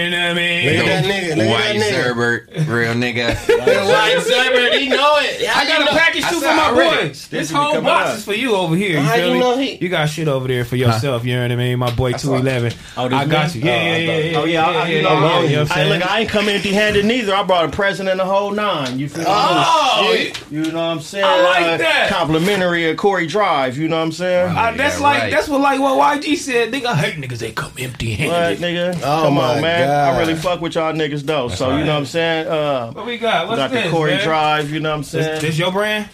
[SPEAKER 1] know what I mean?
[SPEAKER 2] Look at that nigga, look at
[SPEAKER 4] White
[SPEAKER 2] that nigga.
[SPEAKER 4] Zerbert, real nigga.
[SPEAKER 2] White Zerbert, he know it. How
[SPEAKER 1] I got
[SPEAKER 2] you
[SPEAKER 1] a
[SPEAKER 2] know?
[SPEAKER 1] package
[SPEAKER 3] I
[SPEAKER 1] too for
[SPEAKER 3] said
[SPEAKER 1] my
[SPEAKER 3] already,
[SPEAKER 1] boy.
[SPEAKER 3] this
[SPEAKER 1] This
[SPEAKER 3] will be
[SPEAKER 1] whole
[SPEAKER 3] coming
[SPEAKER 1] box
[SPEAKER 3] up.
[SPEAKER 1] is for you over here. You
[SPEAKER 2] How
[SPEAKER 1] feel
[SPEAKER 2] you
[SPEAKER 1] me?
[SPEAKER 2] know he-
[SPEAKER 1] You got shit over there for yourself. You know what I mean? My boy two eleven.
[SPEAKER 3] Oh, this
[SPEAKER 1] I got
[SPEAKER 3] me?
[SPEAKER 1] you. Yeah, yeah, yeah, yeah.
[SPEAKER 3] Oh yeah,
[SPEAKER 1] yeah,
[SPEAKER 3] I- I- you know, I-
[SPEAKER 1] yeah, you know what I'm
[SPEAKER 3] I-
[SPEAKER 1] saying?
[SPEAKER 3] look, I ain't come empty handed neither. I brought a present and a whole nine. You feel
[SPEAKER 1] Oh,
[SPEAKER 3] me? You know what I'm saying? Uh,
[SPEAKER 1] I like that.
[SPEAKER 3] Complimentary of Corey Drive. You know what I'm saying?
[SPEAKER 1] Uh, that's
[SPEAKER 4] Yeah,
[SPEAKER 1] like
[SPEAKER 4] right.
[SPEAKER 1] that's what like what YG said. Nigga, I hate niggas. They come empty
[SPEAKER 3] What,
[SPEAKER 1] handed.
[SPEAKER 3] nigga?
[SPEAKER 2] Oh,
[SPEAKER 3] Come
[SPEAKER 2] my
[SPEAKER 3] on, man.
[SPEAKER 2] God.
[SPEAKER 3] I really fuck with y'all niggas though. so you know what I'm saying? Uh,
[SPEAKER 1] What we got? What's
[SPEAKER 3] got the
[SPEAKER 1] this?
[SPEAKER 3] Corey
[SPEAKER 1] man?
[SPEAKER 3] Drive. You know what I'm saying?
[SPEAKER 1] This, this your brand?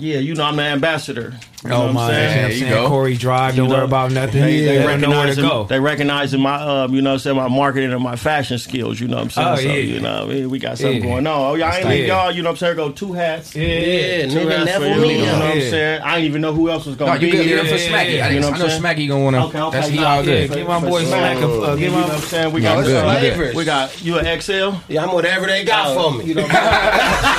[SPEAKER 3] yeah, you know I'm the ambassador. You know
[SPEAKER 1] oh
[SPEAKER 3] what
[SPEAKER 1] my,
[SPEAKER 3] I'm saying?
[SPEAKER 4] There
[SPEAKER 1] there
[SPEAKER 4] you
[SPEAKER 1] you
[SPEAKER 4] go.
[SPEAKER 1] Corey Drive. Don't
[SPEAKER 3] You
[SPEAKER 1] worry
[SPEAKER 3] know,
[SPEAKER 1] about nothing. They,
[SPEAKER 3] They
[SPEAKER 1] don't know where to
[SPEAKER 3] recognizing,
[SPEAKER 1] go.
[SPEAKER 3] they recognizing my, um, you know, what I'm saying my marketing and my fashion skills. You know what I'm saying?
[SPEAKER 1] Oh,
[SPEAKER 3] so,
[SPEAKER 1] yeah.
[SPEAKER 3] You know, we, we got something
[SPEAKER 1] Yeah.
[SPEAKER 3] going on. Oh, y'all ain't
[SPEAKER 1] like-
[SPEAKER 3] leave y'all. You know what I'm saying? Go two hats.
[SPEAKER 1] yeah,
[SPEAKER 2] Yeah,
[SPEAKER 3] Two
[SPEAKER 2] nigga,
[SPEAKER 3] hats for
[SPEAKER 2] level
[SPEAKER 3] you.
[SPEAKER 2] me
[SPEAKER 3] You know
[SPEAKER 2] up.
[SPEAKER 3] what I'm
[SPEAKER 1] Yeah.
[SPEAKER 3] saying? I didn't even know who else was
[SPEAKER 4] No,
[SPEAKER 3] gonna
[SPEAKER 4] you
[SPEAKER 3] be
[SPEAKER 4] good?
[SPEAKER 3] here.
[SPEAKER 4] Leave it for
[SPEAKER 1] yeah,
[SPEAKER 4] Smacky.
[SPEAKER 1] yeah.
[SPEAKER 4] I,
[SPEAKER 3] You know
[SPEAKER 4] know
[SPEAKER 3] what
[SPEAKER 4] I
[SPEAKER 3] I'm
[SPEAKER 4] know
[SPEAKER 3] saying?
[SPEAKER 4] Smacky gonna wanna.
[SPEAKER 3] Okay, okay,
[SPEAKER 4] that's he
[SPEAKER 3] nah,
[SPEAKER 4] all
[SPEAKER 1] yeah.
[SPEAKER 4] good.
[SPEAKER 1] Give my boy Smack a uh, give
[SPEAKER 3] You know what
[SPEAKER 1] my
[SPEAKER 3] I'm saying? We
[SPEAKER 4] Yeah,
[SPEAKER 3] got
[SPEAKER 4] I'm good, I'm good.
[SPEAKER 3] some- we got you an XL.
[SPEAKER 2] Yeah, I'm whatever they got for me.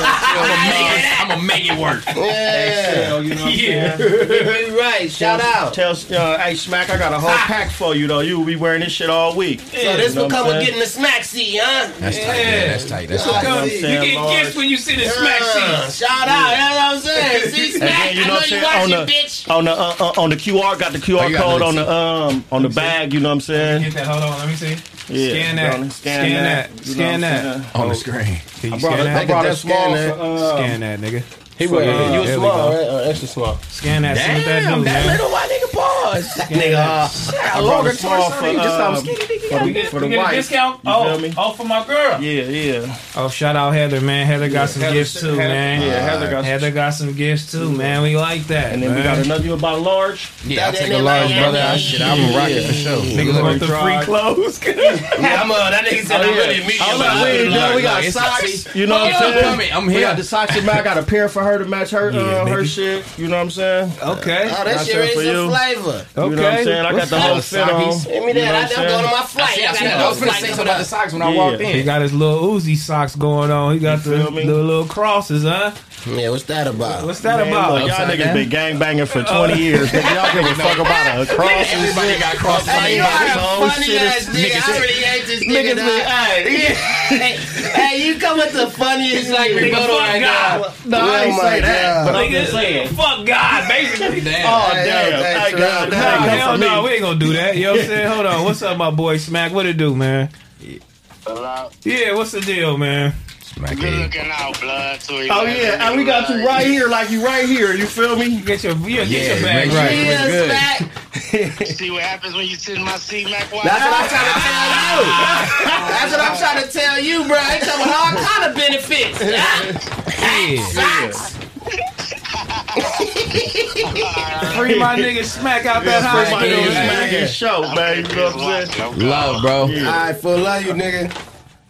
[SPEAKER 4] I'm gonna make it work.
[SPEAKER 2] Yeah,
[SPEAKER 3] XL, you know what I'm
[SPEAKER 1] Yeah.
[SPEAKER 3] saying?
[SPEAKER 2] you right. Shout out.
[SPEAKER 3] Tell uh, hey Smack, I got a whole pack for you though. You will be wearing this shit all week.
[SPEAKER 2] So this
[SPEAKER 3] You know
[SPEAKER 2] will come with
[SPEAKER 3] what I'm
[SPEAKER 2] getting the smack seat, huh?
[SPEAKER 4] That's tight.
[SPEAKER 1] Yeah.
[SPEAKER 4] Yeah, that's tight. That's tight.
[SPEAKER 2] Come-
[SPEAKER 3] You know what I'm
[SPEAKER 2] you
[SPEAKER 1] You
[SPEAKER 3] saying?
[SPEAKER 1] get
[SPEAKER 3] Large.
[SPEAKER 1] gifts when you see the smack
[SPEAKER 2] Uh,
[SPEAKER 1] seats.
[SPEAKER 2] Shout out. That's what I'm saying. See,
[SPEAKER 3] And
[SPEAKER 2] smack.
[SPEAKER 3] then, you
[SPEAKER 2] I
[SPEAKER 3] know what I'm
[SPEAKER 2] know you
[SPEAKER 3] saying? On
[SPEAKER 2] watching,
[SPEAKER 3] the,
[SPEAKER 2] bitch.
[SPEAKER 3] on the uh, uh, on the QR, got the QR
[SPEAKER 4] Oh, you got
[SPEAKER 3] code
[SPEAKER 4] another
[SPEAKER 3] on the um on the bag. You know what I'm saying?
[SPEAKER 1] Get that. Hold on. Let me see.
[SPEAKER 3] Yeah,
[SPEAKER 1] Scan that.
[SPEAKER 3] brother,
[SPEAKER 1] Scan that.
[SPEAKER 3] you know
[SPEAKER 1] Scan
[SPEAKER 3] what I'm
[SPEAKER 1] that.
[SPEAKER 3] saying?
[SPEAKER 4] On the screen.
[SPEAKER 1] Can you
[SPEAKER 3] I brought,
[SPEAKER 1] scan
[SPEAKER 3] a, I
[SPEAKER 1] that?
[SPEAKER 3] brought a
[SPEAKER 2] Nigga,
[SPEAKER 3] small.
[SPEAKER 2] scan
[SPEAKER 3] for, uh,
[SPEAKER 1] Scan that, nigga.
[SPEAKER 2] He
[SPEAKER 1] was-
[SPEAKER 2] was,
[SPEAKER 1] you was small,
[SPEAKER 2] right? extra small.
[SPEAKER 1] Scan that. See what that do, man.
[SPEAKER 4] little white nigga pause.
[SPEAKER 2] Nigga, uh,
[SPEAKER 3] I brought a small for, um, for
[SPEAKER 1] We
[SPEAKER 3] the,
[SPEAKER 1] uh, get,
[SPEAKER 3] for
[SPEAKER 1] we
[SPEAKER 3] the
[SPEAKER 1] get a
[SPEAKER 3] wife.
[SPEAKER 1] discount.
[SPEAKER 3] You
[SPEAKER 1] oh,
[SPEAKER 3] feel me?
[SPEAKER 1] oh, for my girl.
[SPEAKER 3] Yeah, yeah.
[SPEAKER 1] Oh, shout out Heather, man. Heather got some
[SPEAKER 3] Heather-
[SPEAKER 1] gifts too,
[SPEAKER 3] Heather-
[SPEAKER 1] man.
[SPEAKER 3] Yeah, Heather got.
[SPEAKER 1] Heather got some gifts too, man. We like that.
[SPEAKER 3] And then we
[SPEAKER 1] man.
[SPEAKER 3] got another. You about large?
[SPEAKER 4] Yeah, I
[SPEAKER 2] That
[SPEAKER 4] take
[SPEAKER 2] nigga
[SPEAKER 4] a large
[SPEAKER 2] like-
[SPEAKER 4] brother. I shit. I'm a rocket for sure.
[SPEAKER 1] Niggas want
[SPEAKER 4] Look,
[SPEAKER 1] the free
[SPEAKER 3] Drive.
[SPEAKER 1] clothes.
[SPEAKER 2] yeah, I'm, uh, that nigga said I'm really medium.
[SPEAKER 3] Hold
[SPEAKER 2] but
[SPEAKER 3] up,
[SPEAKER 2] I'm
[SPEAKER 3] we ain't
[SPEAKER 2] really
[SPEAKER 3] done.
[SPEAKER 2] large.
[SPEAKER 3] We got
[SPEAKER 4] It's-
[SPEAKER 3] socks. You know what
[SPEAKER 4] it's
[SPEAKER 3] I'm
[SPEAKER 4] coming.
[SPEAKER 3] saying?
[SPEAKER 4] I'm
[SPEAKER 3] We
[SPEAKER 4] here.
[SPEAKER 3] got the socks in back. I got a pair for her to match her uh, her
[SPEAKER 1] baby.
[SPEAKER 3] shit. You know what I'm saying?
[SPEAKER 1] Okay.
[SPEAKER 2] Oh,
[SPEAKER 3] Not
[SPEAKER 2] that shit
[SPEAKER 3] sure
[SPEAKER 2] is
[SPEAKER 3] for
[SPEAKER 2] a
[SPEAKER 3] you.
[SPEAKER 2] flavor.
[SPEAKER 3] You know what I'm saying? I got the whole
[SPEAKER 4] What's
[SPEAKER 3] fit
[SPEAKER 4] up,
[SPEAKER 3] on.
[SPEAKER 4] sockies?
[SPEAKER 2] Give me
[SPEAKER 3] You know
[SPEAKER 2] that.
[SPEAKER 3] what
[SPEAKER 2] I- I'm
[SPEAKER 3] saying?
[SPEAKER 2] going on my flight.
[SPEAKER 4] I,
[SPEAKER 2] I
[SPEAKER 4] seen-
[SPEAKER 2] got
[SPEAKER 4] I was
[SPEAKER 2] those
[SPEAKER 4] gonna
[SPEAKER 2] flights
[SPEAKER 4] say
[SPEAKER 2] coming
[SPEAKER 4] something about the
[SPEAKER 2] up.
[SPEAKER 4] socks when I
[SPEAKER 3] Yeah.
[SPEAKER 4] walked
[SPEAKER 1] He
[SPEAKER 4] in.
[SPEAKER 1] got his little Uzi socks going on. He got
[SPEAKER 3] You
[SPEAKER 1] the,
[SPEAKER 3] feel me?
[SPEAKER 1] the little crosses, huh?
[SPEAKER 2] Yeah, what's that about?
[SPEAKER 1] What's that
[SPEAKER 3] Man,
[SPEAKER 1] about?
[SPEAKER 3] look, y'all
[SPEAKER 4] Upside
[SPEAKER 3] niggas
[SPEAKER 4] down?
[SPEAKER 3] been gang banging for 20 years. Nigga, y'all give a fuck about a cross and
[SPEAKER 4] Everybody
[SPEAKER 3] shit.
[SPEAKER 4] got cross
[SPEAKER 2] Hey, you
[SPEAKER 4] legs.
[SPEAKER 2] are
[SPEAKER 3] Everybody's
[SPEAKER 2] a
[SPEAKER 3] own
[SPEAKER 2] funny
[SPEAKER 3] shit
[SPEAKER 2] ass
[SPEAKER 3] is-
[SPEAKER 2] nigga. I
[SPEAKER 3] niggas-
[SPEAKER 2] really hate this
[SPEAKER 3] Niggas
[SPEAKER 2] nigga.
[SPEAKER 3] be-
[SPEAKER 2] dog. hey, hey, you come with the funniest like
[SPEAKER 1] Nigga,
[SPEAKER 2] Rigoto
[SPEAKER 1] fuck
[SPEAKER 2] right now.
[SPEAKER 1] God.
[SPEAKER 3] No, I ain't
[SPEAKER 2] Oh my
[SPEAKER 3] say that.
[SPEAKER 2] God.
[SPEAKER 3] But I'm
[SPEAKER 1] Nigga,
[SPEAKER 3] just saying.
[SPEAKER 1] Fuck God, basically.
[SPEAKER 4] Damn.
[SPEAKER 3] Oh,
[SPEAKER 2] Hey,
[SPEAKER 3] damn.
[SPEAKER 2] hey,
[SPEAKER 3] Hey,
[SPEAKER 2] hey,
[SPEAKER 1] Nah,
[SPEAKER 2] Trump,
[SPEAKER 3] God, that ain't
[SPEAKER 1] hell
[SPEAKER 3] come
[SPEAKER 1] no,
[SPEAKER 3] for
[SPEAKER 1] we
[SPEAKER 3] me.
[SPEAKER 1] ain't gonna do that. You know what I'm saying? Hold on. What's up, my boy Smack? What it do, man?
[SPEAKER 7] Hello.
[SPEAKER 1] Yeah, what's the deal, man?
[SPEAKER 7] Good looking out, blood. To
[SPEAKER 3] Oh, yeah. And we got you right here, like you right here. You feel me?
[SPEAKER 1] Get your, yeah, get your
[SPEAKER 4] Yeah,
[SPEAKER 1] bag
[SPEAKER 4] make
[SPEAKER 1] right.
[SPEAKER 4] sure you look good.
[SPEAKER 2] Smack.
[SPEAKER 7] See what happens when you sit in my seat, Mac White?
[SPEAKER 2] That's what I'm trying to tell you. That's what I'm trying to tell you, bro. It come with all kind of benefits.
[SPEAKER 1] Yeah. Free my nigga Smack out that
[SPEAKER 4] free
[SPEAKER 1] house.
[SPEAKER 4] my
[SPEAKER 3] Everybody
[SPEAKER 1] dude.
[SPEAKER 3] doing
[SPEAKER 4] nigga yeah.
[SPEAKER 3] smack and show, baby. You know what I'm saying?
[SPEAKER 4] Love, bro.
[SPEAKER 2] right, full love you, nigga.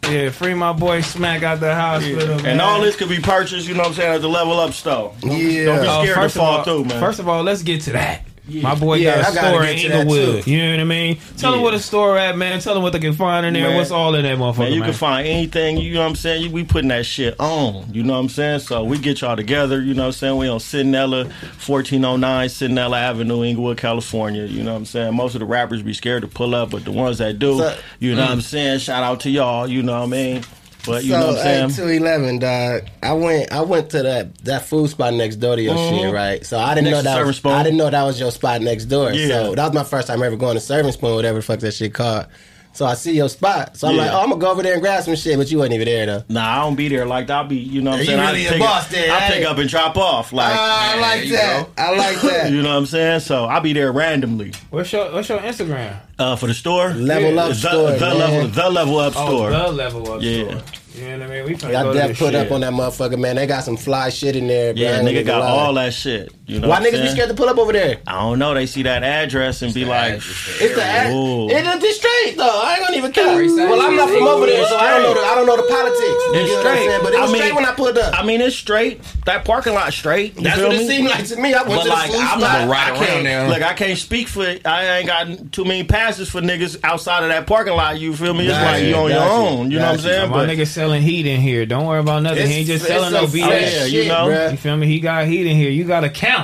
[SPEAKER 1] Yeah, free my boy Smack out the hospital. man.
[SPEAKER 3] And all this could be purchased, you know what I'm saying, at the Level Up store. Don't be
[SPEAKER 2] Yeah.
[SPEAKER 1] Oh,
[SPEAKER 3] scared to
[SPEAKER 1] first of
[SPEAKER 3] fall
[SPEAKER 1] all-
[SPEAKER 3] through, man.
[SPEAKER 1] First of all, let's get to that. My boy got
[SPEAKER 2] Yeah, I
[SPEAKER 1] a
[SPEAKER 2] gotta
[SPEAKER 1] store in
[SPEAKER 2] get to that,
[SPEAKER 1] Inglewood. You know what I mean? Tell them
[SPEAKER 3] Yeah.
[SPEAKER 1] where the store at, man. Tell them what they can find in there.
[SPEAKER 3] Man.
[SPEAKER 1] What's all in that motherfucker,
[SPEAKER 3] Man,
[SPEAKER 1] man?
[SPEAKER 3] you can find anything, you know what I'm saying? You- We putting that shit on, you know what I'm saying? So we get y'all together, you know what I'm saying? We on Sinella, 1409 Sinella Avenue, Inglewood, California, you know what I'm saying? Most of the rappers be scared to pull up, but the ones that do,
[SPEAKER 2] So- mm.
[SPEAKER 3] you know what I'm saying? Shout out to y'all, you know what I mean? But you know what I'm saying?
[SPEAKER 2] two eleven, dog. I went, I went to that that food spot next door to your shit, right? So I didn't
[SPEAKER 3] Mm-hmm.
[SPEAKER 2] know
[SPEAKER 3] Next to
[SPEAKER 2] that
[SPEAKER 3] Serving
[SPEAKER 2] was,
[SPEAKER 3] Spoon.
[SPEAKER 2] I didn't know that was your spot next door.
[SPEAKER 3] Yeah.
[SPEAKER 2] So that was my first time ever going to Serving Spoon, whatever the fuck that shit called. So I see your spot, so I'm
[SPEAKER 3] Yeah.
[SPEAKER 2] like, oh, I'm gonna go over there and grab some shit, but you wasn't even there though.
[SPEAKER 3] Nah, I don't be there like that. I'll be, you know what I'm
[SPEAKER 2] You
[SPEAKER 3] saying?
[SPEAKER 2] really a
[SPEAKER 3] I pick,
[SPEAKER 2] boss there,
[SPEAKER 3] I
[SPEAKER 2] ain't
[SPEAKER 3] pick
[SPEAKER 2] you?
[SPEAKER 3] up and drop off. Like,
[SPEAKER 2] Ah, I like
[SPEAKER 4] you
[SPEAKER 2] that.
[SPEAKER 4] go.
[SPEAKER 2] I like that.
[SPEAKER 3] you know what I'm saying? So I'll be there randomly.
[SPEAKER 1] what's your What's your Instagram?
[SPEAKER 3] Uh, for the store,
[SPEAKER 2] Level Up
[SPEAKER 3] the,
[SPEAKER 2] store,
[SPEAKER 3] the
[SPEAKER 2] man.
[SPEAKER 3] level, the level up
[SPEAKER 1] Oh,
[SPEAKER 3] store.
[SPEAKER 1] the level up
[SPEAKER 3] Yeah.
[SPEAKER 1] store. You know what I mean? We finna
[SPEAKER 2] Y'all
[SPEAKER 1] go to
[SPEAKER 2] def
[SPEAKER 1] this
[SPEAKER 2] put
[SPEAKER 1] shit.
[SPEAKER 2] up on that motherfucker, man. They got some fly shit in there, bro.
[SPEAKER 3] yeah,
[SPEAKER 2] I ain't
[SPEAKER 3] nigga
[SPEAKER 2] gonna
[SPEAKER 3] got
[SPEAKER 2] lie.
[SPEAKER 3] all that shit. You know
[SPEAKER 2] Why
[SPEAKER 3] what I'm
[SPEAKER 2] niggas be
[SPEAKER 3] saying?
[SPEAKER 2] scared to pull up over there?
[SPEAKER 3] I don't know. They see that address and be like,
[SPEAKER 2] It's the ass.
[SPEAKER 3] Ooh.
[SPEAKER 2] It'll be straight though. I ain't gonna even care.
[SPEAKER 4] Sorry, sorry.
[SPEAKER 2] Well, I'm not from over there, so I don't know. The, I don't know the politics. You
[SPEAKER 3] It's
[SPEAKER 2] know what I'm
[SPEAKER 3] straight.
[SPEAKER 2] saying? But it was
[SPEAKER 3] I mean-
[SPEAKER 2] straight when I pulled up.
[SPEAKER 3] I mean, it's straight. That parking lot straight. You
[SPEAKER 2] That's
[SPEAKER 3] feel
[SPEAKER 2] what
[SPEAKER 3] me?
[SPEAKER 2] it seemed like to me. I went
[SPEAKER 3] But
[SPEAKER 2] to the
[SPEAKER 3] like,
[SPEAKER 2] food
[SPEAKER 3] I'm
[SPEAKER 2] spot.
[SPEAKER 3] not
[SPEAKER 4] right
[SPEAKER 3] right
[SPEAKER 4] around
[SPEAKER 3] around
[SPEAKER 4] there.
[SPEAKER 3] there. Look, I can't speak for. I ain't got too many passes for niggas outside of that parking lot. You feel me? It's
[SPEAKER 2] Got
[SPEAKER 3] like
[SPEAKER 2] you,
[SPEAKER 3] you on your
[SPEAKER 2] got you,
[SPEAKER 3] own. You know
[SPEAKER 2] got
[SPEAKER 3] what I'm
[SPEAKER 2] you.
[SPEAKER 3] saying?
[SPEAKER 1] My
[SPEAKER 3] But
[SPEAKER 1] nigga selling heat in here. Don't worry about nothing. he ain't just selling no
[SPEAKER 2] some fresh
[SPEAKER 1] BS.
[SPEAKER 3] Yeah, you know.
[SPEAKER 2] bruh.
[SPEAKER 1] You feel me? He got heat in here. You got accounts.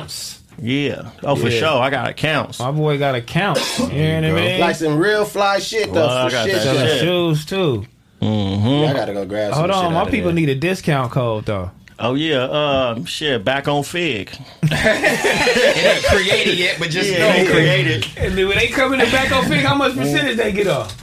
[SPEAKER 3] Yeah. Oh, for
[SPEAKER 5] Yeah.
[SPEAKER 3] sure. I got accounts.
[SPEAKER 1] My boy got a count. You know what I
[SPEAKER 5] go.
[SPEAKER 1] mean?
[SPEAKER 6] Like some real fly shit though.
[SPEAKER 3] Well, I
[SPEAKER 6] some
[SPEAKER 3] got
[SPEAKER 6] shit.
[SPEAKER 3] that
[SPEAKER 6] though.
[SPEAKER 1] Selling
[SPEAKER 3] shit.
[SPEAKER 1] shoes too.
[SPEAKER 6] I gotta go grab. some
[SPEAKER 1] Hold
[SPEAKER 6] shit
[SPEAKER 1] on, my
[SPEAKER 6] outta
[SPEAKER 1] people
[SPEAKER 6] there.
[SPEAKER 1] need a discount code though.
[SPEAKER 3] Oh yeah. Um. Shit. Back on Fig.
[SPEAKER 5] It ain't created yet, but just
[SPEAKER 3] Yeah. They
[SPEAKER 5] know it.
[SPEAKER 3] created.
[SPEAKER 1] And then when they coming in back on fig, how much percentage they get off?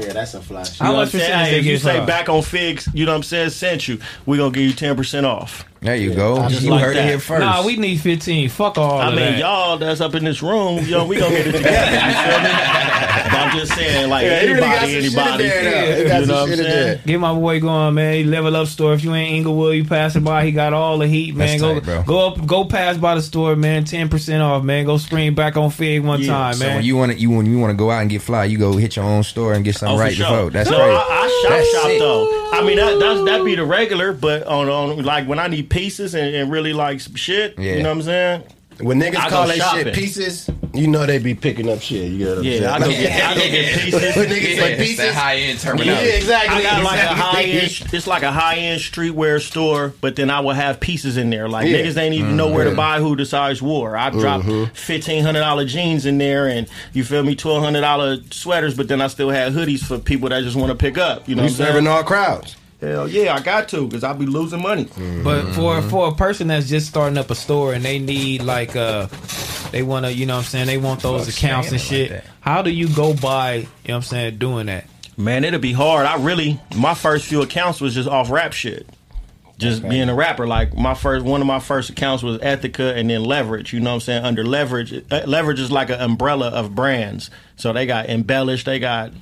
[SPEAKER 6] Yeah, that's some fly shit.
[SPEAKER 1] How
[SPEAKER 3] You know what I'm
[SPEAKER 1] much
[SPEAKER 3] saying?
[SPEAKER 1] percentage
[SPEAKER 3] Hey,
[SPEAKER 1] they
[SPEAKER 3] if you
[SPEAKER 1] get
[SPEAKER 3] say
[SPEAKER 1] off?
[SPEAKER 3] back on Fig, you know what I'm saying? Sent you. We gonna give you ten percent off.
[SPEAKER 5] There you go.
[SPEAKER 6] Just
[SPEAKER 5] you
[SPEAKER 3] like
[SPEAKER 5] heard
[SPEAKER 3] that.
[SPEAKER 5] it here first.
[SPEAKER 1] Nah, we need fifteen. Fuck all
[SPEAKER 3] I
[SPEAKER 1] of
[SPEAKER 3] mean,
[SPEAKER 1] that.
[SPEAKER 3] y'all that's up in this room, yo, we gonna get it together. You feel me? But I'm just saying, like
[SPEAKER 6] Yeah, he really
[SPEAKER 3] anybody,
[SPEAKER 6] got some shit in
[SPEAKER 3] anybody.
[SPEAKER 6] there, though. He got
[SPEAKER 3] you
[SPEAKER 6] some
[SPEAKER 3] know what I'm
[SPEAKER 6] shit in there.
[SPEAKER 3] saying?
[SPEAKER 1] Get my boy going, man. He level up store. If you ain't Inglewood, you passing by, he got all the heat, man.
[SPEAKER 5] That's
[SPEAKER 1] go
[SPEAKER 5] tight, bro.
[SPEAKER 1] go up go pass by the store, man. Ten percent off, man. Go spring back on Fig one
[SPEAKER 3] Yeah,
[SPEAKER 1] time,
[SPEAKER 5] so
[SPEAKER 1] man.
[SPEAKER 5] when you want to, you when you want to go out and get fly, you go hit your own store and get something
[SPEAKER 3] Oh, for
[SPEAKER 5] right
[SPEAKER 3] sure.
[SPEAKER 5] to vote. That's
[SPEAKER 3] no,
[SPEAKER 5] crazy.
[SPEAKER 3] I, I shop
[SPEAKER 5] That's
[SPEAKER 3] shop
[SPEAKER 5] sick.
[SPEAKER 3] though. I mean, that that's, that be the regular, but on on like when I need pieces and, and really like some shit,
[SPEAKER 5] Yeah.
[SPEAKER 3] you know what I'm saying?
[SPEAKER 6] When niggas
[SPEAKER 3] I go
[SPEAKER 6] call that
[SPEAKER 3] shopping.
[SPEAKER 6] shit pieces, you know they be picking up shit. You get what I'm saying?
[SPEAKER 3] Yeah, I go get I go get
[SPEAKER 6] When
[SPEAKER 3] pieces.
[SPEAKER 6] niggas like
[SPEAKER 5] it's that
[SPEAKER 6] pieces.
[SPEAKER 5] high end
[SPEAKER 6] Yeah,
[SPEAKER 5] terminology.
[SPEAKER 6] exactly.
[SPEAKER 3] I got like a
[SPEAKER 6] Exactly.
[SPEAKER 3] high end. It's like a high end streetwear store, but then I will have pieces in there. Like
[SPEAKER 6] Yeah. Mm-hmm.
[SPEAKER 3] niggas ain't even know where to buy who the size wore. I dropped fifteen hundred dollar jeans in there, and you feel me, twelve hundred dollar sweaters. But then I still had hoodies for people that just want to pick up. You know,
[SPEAKER 6] You
[SPEAKER 3] what I'm
[SPEAKER 6] serving
[SPEAKER 3] saying?
[SPEAKER 6] all crowds.
[SPEAKER 3] Hell yeah, I got to because I be losing money. Mm-hmm.
[SPEAKER 1] But for for a person that's just starting up a store and they need like uh they want to, you know what I'm saying, they want those
[SPEAKER 5] Fuck,
[SPEAKER 1] accounts and
[SPEAKER 5] saying it
[SPEAKER 1] shit.
[SPEAKER 5] like that.
[SPEAKER 1] How do you go by, you know what I'm saying, doing that?
[SPEAKER 3] Man, it'll be hard. I really my first few accounts was just off rap shit. Just being a rapper, like my first one of my first accounts was Ethica and then Leverage. You know what I'm saying? Under Leverage, uh, Leverage is like an umbrella of brands. So they got Embellish, they got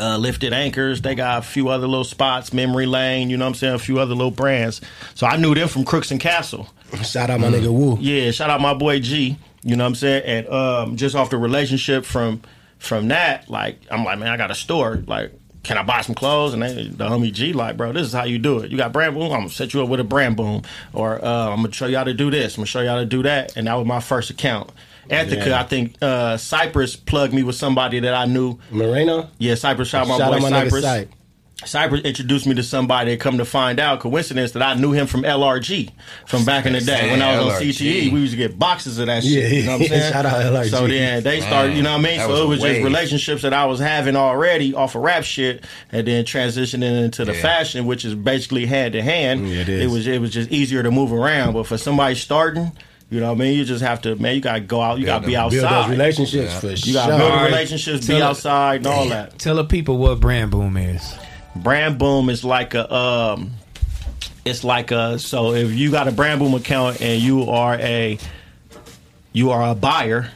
[SPEAKER 3] uh, Lifted Anchors, they got a few other little spots, Memory Lane. You know what I'm saying? A few other little brands. So I knew them from Crooks and Castle.
[SPEAKER 6] Shout out my nigga Woo.
[SPEAKER 3] Mm. Yeah, shout out my boy G. You know what I'm saying? And um, just off the relationship from from that, like I'm like, man, I got a store. Like, can I buy some clothes? And they, the homie G, like, bro, this is how you do it. You got brand boom. I'm gonna set you up with a brand boom, or uh, I'm gonna show you how to do this. I'm gonna show you how to do that. And that was my first account. Ethica,
[SPEAKER 6] Yeah.
[SPEAKER 3] I think uh, Cypress plugged me with somebody that I knew.
[SPEAKER 6] Moreno.
[SPEAKER 3] Yeah, Cypress, shout out my
[SPEAKER 6] Shout
[SPEAKER 3] boy
[SPEAKER 6] out my nigga
[SPEAKER 3] Cypress.
[SPEAKER 6] Sight.
[SPEAKER 3] Cypress introduced me to somebody that come to find out, coincidence, that I knew him from LRG from back in the day. When I was on
[SPEAKER 5] LRG.
[SPEAKER 3] CTE, we used to get boxes of that shit.
[SPEAKER 6] Yeah,
[SPEAKER 3] you know what I'm saying?
[SPEAKER 6] shout out LRG.
[SPEAKER 3] So then they started, you know what I mean?
[SPEAKER 5] that
[SPEAKER 3] So it
[SPEAKER 5] was
[SPEAKER 3] was
[SPEAKER 5] a
[SPEAKER 3] just
[SPEAKER 5] wave.
[SPEAKER 3] relationships that I was having already off of rap shit and then transitioning into the
[SPEAKER 5] Yeah.
[SPEAKER 3] fashion, which is basically hand to hand.
[SPEAKER 6] Mm, it is.
[SPEAKER 3] It was it was just easier to move around. But for somebody starting, you know what I mean? You just have to, man, you gotta go out, you gotta be
[SPEAKER 6] Build those
[SPEAKER 3] outside.
[SPEAKER 6] relationships for sure.
[SPEAKER 3] You gotta build
[SPEAKER 1] All right.
[SPEAKER 3] relationships,
[SPEAKER 1] Tell
[SPEAKER 3] be
[SPEAKER 1] it.
[SPEAKER 3] outside, and all that.
[SPEAKER 1] Tell the people what brand boom is.
[SPEAKER 3] Brand Boom is like a um it's like a so if you got a Brand Boom account and you are a you are a buyer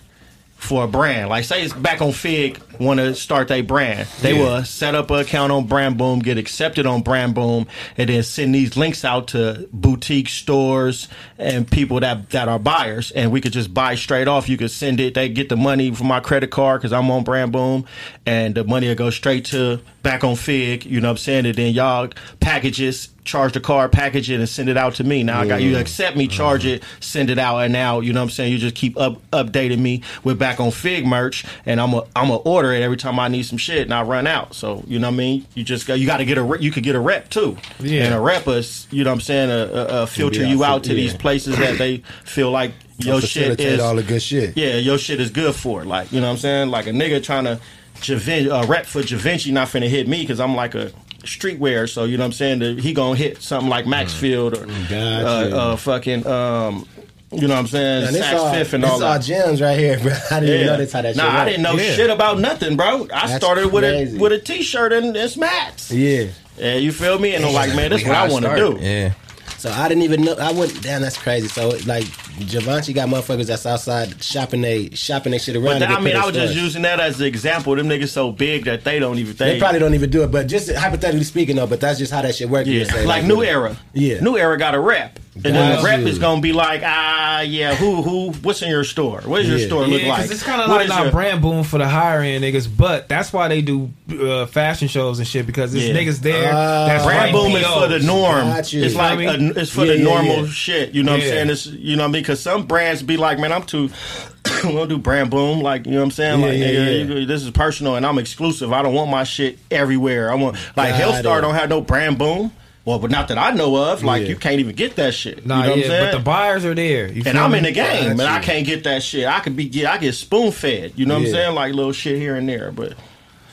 [SPEAKER 3] for a brand. Like say it's back on Fig want to start their brand. They will set up an account on Brand Boom, get accepted on Brand Boom, and then send these links out to boutique stores and people that that are buyers and we could just buy straight off. You could send it, they get the money from my credit card cuz I'm on Brand Boom and the money will go straight to back on Fig, you know what I'm saying? And then y'all packages charge the card, package it, and send it out to me. Now I got you accept me, charge
[SPEAKER 6] Uh-huh.
[SPEAKER 3] it, send it out, and now you know what I'm saying. You just keep up updating me. We're back on Fig merch, and I'm a I'm a order it every time I need some shit, and I run out. So you know what I mean. You just got you got to get a re- you could get a rep too,
[SPEAKER 1] Yeah.
[SPEAKER 3] and a rep is you know what I'm saying a, a, a filter
[SPEAKER 6] Yeah,
[SPEAKER 3] you
[SPEAKER 6] I
[SPEAKER 3] out
[SPEAKER 6] see-
[SPEAKER 3] to these
[SPEAKER 6] yeah.
[SPEAKER 3] places that they feel like your shit
[SPEAKER 6] Facilitate
[SPEAKER 3] is
[SPEAKER 6] all the good shit.
[SPEAKER 3] yeah, your shit is good for it. Like, you know what I'm saying? Like a nigga trying to Javin, uh, rap for Javinci not finna hit me because I'm like a streetwear. So, you know what I'm saying? The- He gonna hit something like Maxfield or
[SPEAKER 6] Mm, Gotcha.
[SPEAKER 3] uh, uh, fucking, um, you know what I'm saying?
[SPEAKER 6] And this
[SPEAKER 3] Saks
[SPEAKER 6] all,
[SPEAKER 3] Fifth and
[SPEAKER 6] this
[SPEAKER 3] all
[SPEAKER 6] all
[SPEAKER 3] that.
[SPEAKER 6] gems right here, bro. I didn't even
[SPEAKER 3] Yeah.
[SPEAKER 6] know this how that
[SPEAKER 3] nah,
[SPEAKER 6] shit
[SPEAKER 3] I didn't know
[SPEAKER 1] Yeah.
[SPEAKER 3] shit about nothing, bro. I
[SPEAKER 6] That's
[SPEAKER 3] started with
[SPEAKER 6] crazy.
[SPEAKER 3] a with a t-shirt and it's mats. Yeah.
[SPEAKER 6] Yeah.
[SPEAKER 3] you feel me? And I'm like, man, this
[SPEAKER 5] We
[SPEAKER 3] what
[SPEAKER 5] how
[SPEAKER 3] I want to
[SPEAKER 5] started.
[SPEAKER 3] do.
[SPEAKER 5] Yeah.
[SPEAKER 6] So I didn't even know. I wouldn't. Damn, that's crazy. So like, Javante got motherfuckers that's outside shopping they shopping they shit around.
[SPEAKER 3] But
[SPEAKER 6] to
[SPEAKER 3] that-
[SPEAKER 6] get
[SPEAKER 3] I mean,
[SPEAKER 6] put in
[SPEAKER 3] I was just
[SPEAKER 6] stores.
[SPEAKER 3] using that as an example. Them niggas so big that they don't even think.
[SPEAKER 6] They probably don't even do it, but just hypothetically speaking, though. But that's just how that shit works.
[SPEAKER 3] Yeah, like, New Era.
[SPEAKER 6] Yeah.
[SPEAKER 3] New Era got a rep, and then
[SPEAKER 6] Got
[SPEAKER 3] the rep
[SPEAKER 6] you.
[SPEAKER 3] is gonna be like, ah, yeah, who, who, what's in your store? What does
[SPEAKER 6] Yeah.
[SPEAKER 3] your store look
[SPEAKER 1] Yeah, 'cause
[SPEAKER 3] like?
[SPEAKER 1] it's kind of
[SPEAKER 3] What
[SPEAKER 1] like
[SPEAKER 3] is
[SPEAKER 1] not
[SPEAKER 3] your-
[SPEAKER 1] brand boom for the higher end niggas, but that's why they do uh, fashion shows and shit because it's
[SPEAKER 3] Yeah. Uh,
[SPEAKER 1] niggas there.
[SPEAKER 6] Ah.
[SPEAKER 1] that's
[SPEAKER 3] Brand
[SPEAKER 1] buying
[SPEAKER 3] boom is
[SPEAKER 1] POs.
[SPEAKER 3] for the norm.
[SPEAKER 6] Got you.
[SPEAKER 3] It's like
[SPEAKER 1] You know what I mean?
[SPEAKER 3] a, it's for
[SPEAKER 6] Yeah,
[SPEAKER 3] the
[SPEAKER 6] yeah,
[SPEAKER 3] normal
[SPEAKER 6] yeah.
[SPEAKER 3] shit. You know what
[SPEAKER 1] Yeah.
[SPEAKER 3] I'm saying? It's you know what I mean? Because some brands be like, man, I'm too. we'll do brand boom, like you know what I'm saying?
[SPEAKER 6] Yeah,
[SPEAKER 3] like
[SPEAKER 6] yeah,
[SPEAKER 3] nigga,
[SPEAKER 6] yeah.
[SPEAKER 3] you- this is personal, and I'm exclusive. I don't want my shit everywhere. I want like
[SPEAKER 6] Got
[SPEAKER 3] Hellstar
[SPEAKER 6] it.
[SPEAKER 3] don't have no brand boom. Well, but not that I know of. Like
[SPEAKER 1] Yeah.
[SPEAKER 3] you can't even get that shit.
[SPEAKER 1] Nah,
[SPEAKER 3] you know what I'm
[SPEAKER 1] yeah,
[SPEAKER 3] saying?
[SPEAKER 1] but the buyers are there. You
[SPEAKER 3] and
[SPEAKER 1] feel
[SPEAKER 3] I'm
[SPEAKER 1] me?
[SPEAKER 3] in the game, but I
[SPEAKER 1] Gotcha.
[SPEAKER 3] can't get that shit. I could be, yeah, I get spoon fed. You know what
[SPEAKER 1] Yeah.
[SPEAKER 3] I'm saying? Like little shit here and there, but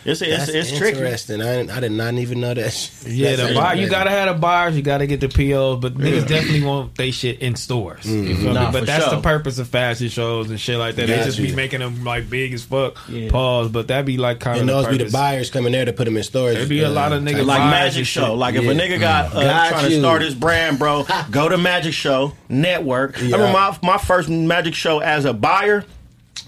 [SPEAKER 3] it's it's
[SPEAKER 6] That's
[SPEAKER 3] it's tricky.
[SPEAKER 6] interesting. I, didn't- I did not even know that. shit.
[SPEAKER 1] Yeah,
[SPEAKER 6] That's
[SPEAKER 1] the buyer, you
[SPEAKER 6] interesting.
[SPEAKER 1] gotta have the buyers, you gotta get the POs, but niggas definitely want they shit in stores.
[SPEAKER 6] Mm-hmm.
[SPEAKER 1] You feel
[SPEAKER 3] Nah,
[SPEAKER 1] me? But
[SPEAKER 3] for
[SPEAKER 1] that's
[SPEAKER 3] sure.
[SPEAKER 1] the purpose of fashion shows and shit like that. They
[SPEAKER 6] Got
[SPEAKER 1] just
[SPEAKER 6] you.
[SPEAKER 1] be making them like big as fuck.
[SPEAKER 3] Yeah.
[SPEAKER 1] Pause, but that be like kind
[SPEAKER 6] And
[SPEAKER 1] of
[SPEAKER 6] those
[SPEAKER 1] the
[SPEAKER 6] be the
[SPEAKER 1] purpose.
[SPEAKER 6] buyers coming there to put them in storage.
[SPEAKER 1] There be a
[SPEAKER 6] uh,
[SPEAKER 1] lot of niggas
[SPEAKER 3] Like
[SPEAKER 1] buyers
[SPEAKER 3] Magic
[SPEAKER 1] and
[SPEAKER 3] Show.
[SPEAKER 1] shit.
[SPEAKER 3] Like if a nigga got, uh,
[SPEAKER 6] Got
[SPEAKER 3] trying to
[SPEAKER 6] you.
[SPEAKER 3] start his brand, bro, go to Magic Show Network. I
[SPEAKER 6] Yeah.
[SPEAKER 3] remember my, my first Magic Show as a buyer.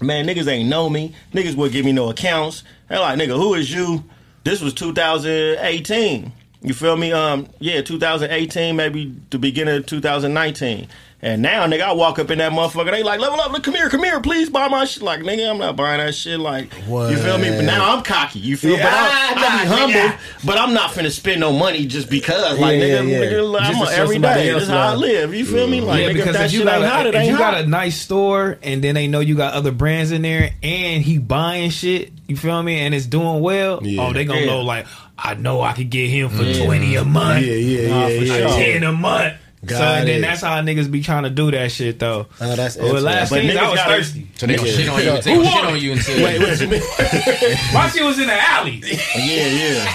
[SPEAKER 3] Man, niggas ain't know me. Niggas would give me no accounts. They're like, nigga, who is you? This was 2018. You feel me? Um, yeah, 2018, maybe the beginning of 2019. And now, nigga, I walk up in that motherfucker. They like, level up, look, come here, come here, please buy my shit. Like, nigga, I'm not buying that shit. Like, you feel me? But now I'm cocky. You feel? But I, I be
[SPEAKER 6] Yeah, nah,
[SPEAKER 3] humble.
[SPEAKER 6] nigga.
[SPEAKER 3] But I'm not finna spend no money just because, like,
[SPEAKER 6] Yeah,
[SPEAKER 3] nigga,
[SPEAKER 6] yeah, yeah.
[SPEAKER 3] nigga, like,
[SPEAKER 6] Just
[SPEAKER 3] I'm
[SPEAKER 6] to
[SPEAKER 3] a
[SPEAKER 6] show
[SPEAKER 3] every
[SPEAKER 6] somebody
[SPEAKER 3] day.
[SPEAKER 6] else
[SPEAKER 3] This how I
[SPEAKER 6] love.
[SPEAKER 3] live. You feel me? Like,
[SPEAKER 1] yeah,
[SPEAKER 3] nigga, if
[SPEAKER 1] because
[SPEAKER 3] that
[SPEAKER 1] if you
[SPEAKER 3] shit
[SPEAKER 1] got
[SPEAKER 3] ain't
[SPEAKER 1] a,
[SPEAKER 3] hot, it
[SPEAKER 1] if
[SPEAKER 3] ain't
[SPEAKER 1] you
[SPEAKER 3] hot.
[SPEAKER 1] got a nice store and then they know you got other brands in there and he buying shit, you feel me? And it's doing well.
[SPEAKER 6] Yeah.
[SPEAKER 1] Oh, they gonna
[SPEAKER 3] Yeah.
[SPEAKER 1] know like I know I could get him for twenty a month,
[SPEAKER 6] Yeah, yeah,
[SPEAKER 3] Nah,
[SPEAKER 6] yeah,
[SPEAKER 3] for
[SPEAKER 6] yeah.
[SPEAKER 3] sure.
[SPEAKER 6] yeah.
[SPEAKER 1] ten a month. so
[SPEAKER 6] Got
[SPEAKER 1] and
[SPEAKER 6] it.
[SPEAKER 1] then that's how niggas be trying to do that shit though.
[SPEAKER 6] Oh, that's
[SPEAKER 1] well, last
[SPEAKER 3] interesting.
[SPEAKER 1] thing
[SPEAKER 3] But
[SPEAKER 1] I was
[SPEAKER 3] niggas gotta-
[SPEAKER 1] thirsty.
[SPEAKER 5] So they gonna
[SPEAKER 6] Yeah.
[SPEAKER 5] shit on you. They
[SPEAKER 1] Who
[SPEAKER 5] gonna shit
[SPEAKER 1] won?
[SPEAKER 5] on you until
[SPEAKER 6] Wait, what you mean?
[SPEAKER 1] My shit was in the alley.
[SPEAKER 3] Yeah, yeah.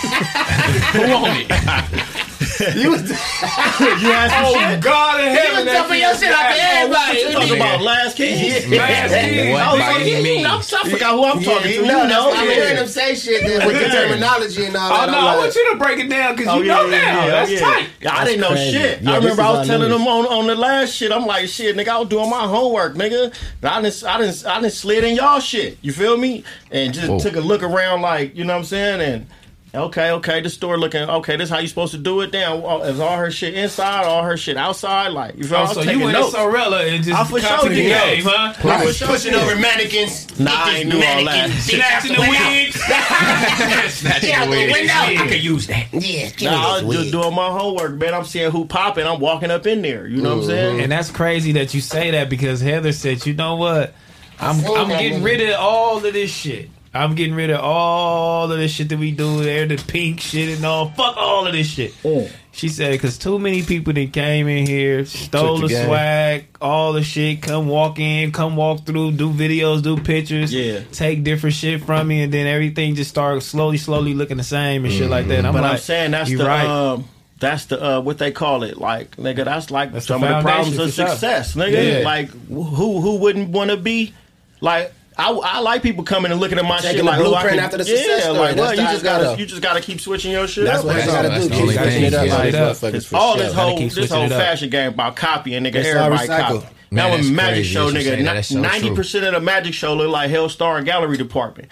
[SPEAKER 5] who owned it?
[SPEAKER 3] you asked
[SPEAKER 1] Oh God in heaven,
[SPEAKER 6] was
[SPEAKER 1] that
[SPEAKER 6] dumping your
[SPEAKER 1] was
[SPEAKER 6] shit out to
[SPEAKER 1] bad.
[SPEAKER 6] everybody.
[SPEAKER 3] me. Talk
[SPEAKER 5] nigga.
[SPEAKER 3] about last kids.
[SPEAKER 1] Last
[SPEAKER 3] Oh,
[SPEAKER 1] kid.
[SPEAKER 5] What?
[SPEAKER 1] I was
[SPEAKER 5] By
[SPEAKER 1] like,
[SPEAKER 5] any
[SPEAKER 1] yeah,
[SPEAKER 5] means.
[SPEAKER 1] I'm so-
[SPEAKER 3] I forgot who I'm
[SPEAKER 6] Yeah,
[SPEAKER 3] talking
[SPEAKER 6] he
[SPEAKER 3] to. You
[SPEAKER 6] know, that's
[SPEAKER 3] know.
[SPEAKER 6] why I'm hearing them
[SPEAKER 8] say shit then
[SPEAKER 6] With the terminology and all
[SPEAKER 1] Oh
[SPEAKER 6] that.
[SPEAKER 1] no,
[SPEAKER 6] I'm
[SPEAKER 1] I
[SPEAKER 6] like-
[SPEAKER 1] want you to break it down because
[SPEAKER 3] Oh,
[SPEAKER 1] you
[SPEAKER 3] yeah,
[SPEAKER 1] know
[SPEAKER 3] yeah,
[SPEAKER 1] now.
[SPEAKER 3] yeah,
[SPEAKER 1] That's
[SPEAKER 3] yeah.
[SPEAKER 1] tight.
[SPEAKER 3] I didn't know
[SPEAKER 6] crazy.
[SPEAKER 3] shit.
[SPEAKER 6] Yeah,
[SPEAKER 3] I
[SPEAKER 6] this
[SPEAKER 3] remember
[SPEAKER 6] is
[SPEAKER 3] I was
[SPEAKER 6] our
[SPEAKER 3] telling
[SPEAKER 6] news.
[SPEAKER 3] them on, on the last shit. I'm like, shit, nigga, I was doing my homework, nigga. But I didn't, I didn't, I didn't slid in y'all shit. You feel me? And just
[SPEAKER 5] Whoa.
[SPEAKER 3] took a look around, like, you know what I'm saying? And okay, okay, the store looking okay. This how you supposed to do it? Damn, all- is all her shit inside? All her shit outside? Like, you feel? me? I was
[SPEAKER 1] Oh, so you
[SPEAKER 3] taking
[SPEAKER 1] went in
[SPEAKER 3] notes.
[SPEAKER 1] Sorella and
[SPEAKER 3] I
[SPEAKER 1] just
[SPEAKER 3] for
[SPEAKER 1] got
[SPEAKER 3] sure
[SPEAKER 1] to the game,
[SPEAKER 3] did.
[SPEAKER 1] huh?
[SPEAKER 3] I was
[SPEAKER 6] pushing over mannequins.
[SPEAKER 3] Nah, I ain't do all that.
[SPEAKER 1] Snatching the wigs. Snatching
[SPEAKER 8] Yeah, the wigs.
[SPEAKER 1] I could use that.
[SPEAKER 8] Yeah, give
[SPEAKER 3] Nah, I
[SPEAKER 8] me
[SPEAKER 3] was
[SPEAKER 8] this
[SPEAKER 3] just
[SPEAKER 8] wig.
[SPEAKER 3] doing my homework, man. I'm seeing who popping. I'm walking up in there. You know
[SPEAKER 6] Mm-hmm.
[SPEAKER 3] what I'm saying?
[SPEAKER 1] And that's crazy that you say that because Heather said, you know what? I'm
[SPEAKER 8] Full
[SPEAKER 1] I'm getting
[SPEAKER 8] woman.
[SPEAKER 1] rid of all of this shit. I'm getting rid of all of this shit that we do there, the pink shit and all. Fuck all of this shit. She said, because too many people that came in here, stole the,
[SPEAKER 6] Took the game.
[SPEAKER 1] swag, all the shit, come walk in, come walk through, do videos, do pictures,
[SPEAKER 3] Yeah.
[SPEAKER 1] take different shit from me, and then everything just started slowly, slowly looking the same and shit like that. And I'm
[SPEAKER 3] But
[SPEAKER 1] like,
[SPEAKER 3] I'm saying that's
[SPEAKER 1] you
[SPEAKER 3] the
[SPEAKER 1] right.
[SPEAKER 3] um, that's the uh, what they call it. Like nigga, that's like
[SPEAKER 1] That's the
[SPEAKER 3] some of the problems
[SPEAKER 1] foundation
[SPEAKER 3] of
[SPEAKER 1] for sure.
[SPEAKER 3] success, nigga.
[SPEAKER 1] Yeah.
[SPEAKER 3] Like who who wouldn't want to be like. I, I like people coming and looking at my shit
[SPEAKER 6] Taking the
[SPEAKER 3] like, oh, I
[SPEAKER 6] blueprint
[SPEAKER 3] can,
[SPEAKER 6] after the
[SPEAKER 3] yeah,
[SPEAKER 6] success story.
[SPEAKER 3] like, well,
[SPEAKER 6] That's
[SPEAKER 3] you
[SPEAKER 6] how
[SPEAKER 3] just
[SPEAKER 6] I got
[SPEAKER 3] gotta,
[SPEAKER 6] up.
[SPEAKER 3] you just gotta keep switching your shit.
[SPEAKER 6] That's
[SPEAKER 3] up.
[SPEAKER 6] what you
[SPEAKER 5] That's all-
[SPEAKER 6] gotta
[SPEAKER 5] that's
[SPEAKER 6] do.
[SPEAKER 5] the
[SPEAKER 6] Keep
[SPEAKER 5] only
[SPEAKER 6] switching
[SPEAKER 5] thing.
[SPEAKER 6] it up,
[SPEAKER 5] Yeah.
[SPEAKER 6] like,
[SPEAKER 1] Switch it up.
[SPEAKER 6] motherfuckers. for
[SPEAKER 3] all
[SPEAKER 6] sure.
[SPEAKER 3] this
[SPEAKER 1] Gotta
[SPEAKER 3] whole
[SPEAKER 1] keep
[SPEAKER 3] this
[SPEAKER 1] switching
[SPEAKER 3] whole
[SPEAKER 1] it up.
[SPEAKER 3] fashion game about copying, nigga.
[SPEAKER 6] It's all
[SPEAKER 3] everybody
[SPEAKER 6] recycled.
[SPEAKER 3] copy.
[SPEAKER 5] Man,
[SPEAKER 3] That was
[SPEAKER 5] that's
[SPEAKER 3] Magic
[SPEAKER 5] crazy
[SPEAKER 3] Show,
[SPEAKER 5] that you say
[SPEAKER 3] nigga.
[SPEAKER 5] that. That's so
[SPEAKER 3] Ninety percent of the Magic Show look like Hellstar and Gallery Department.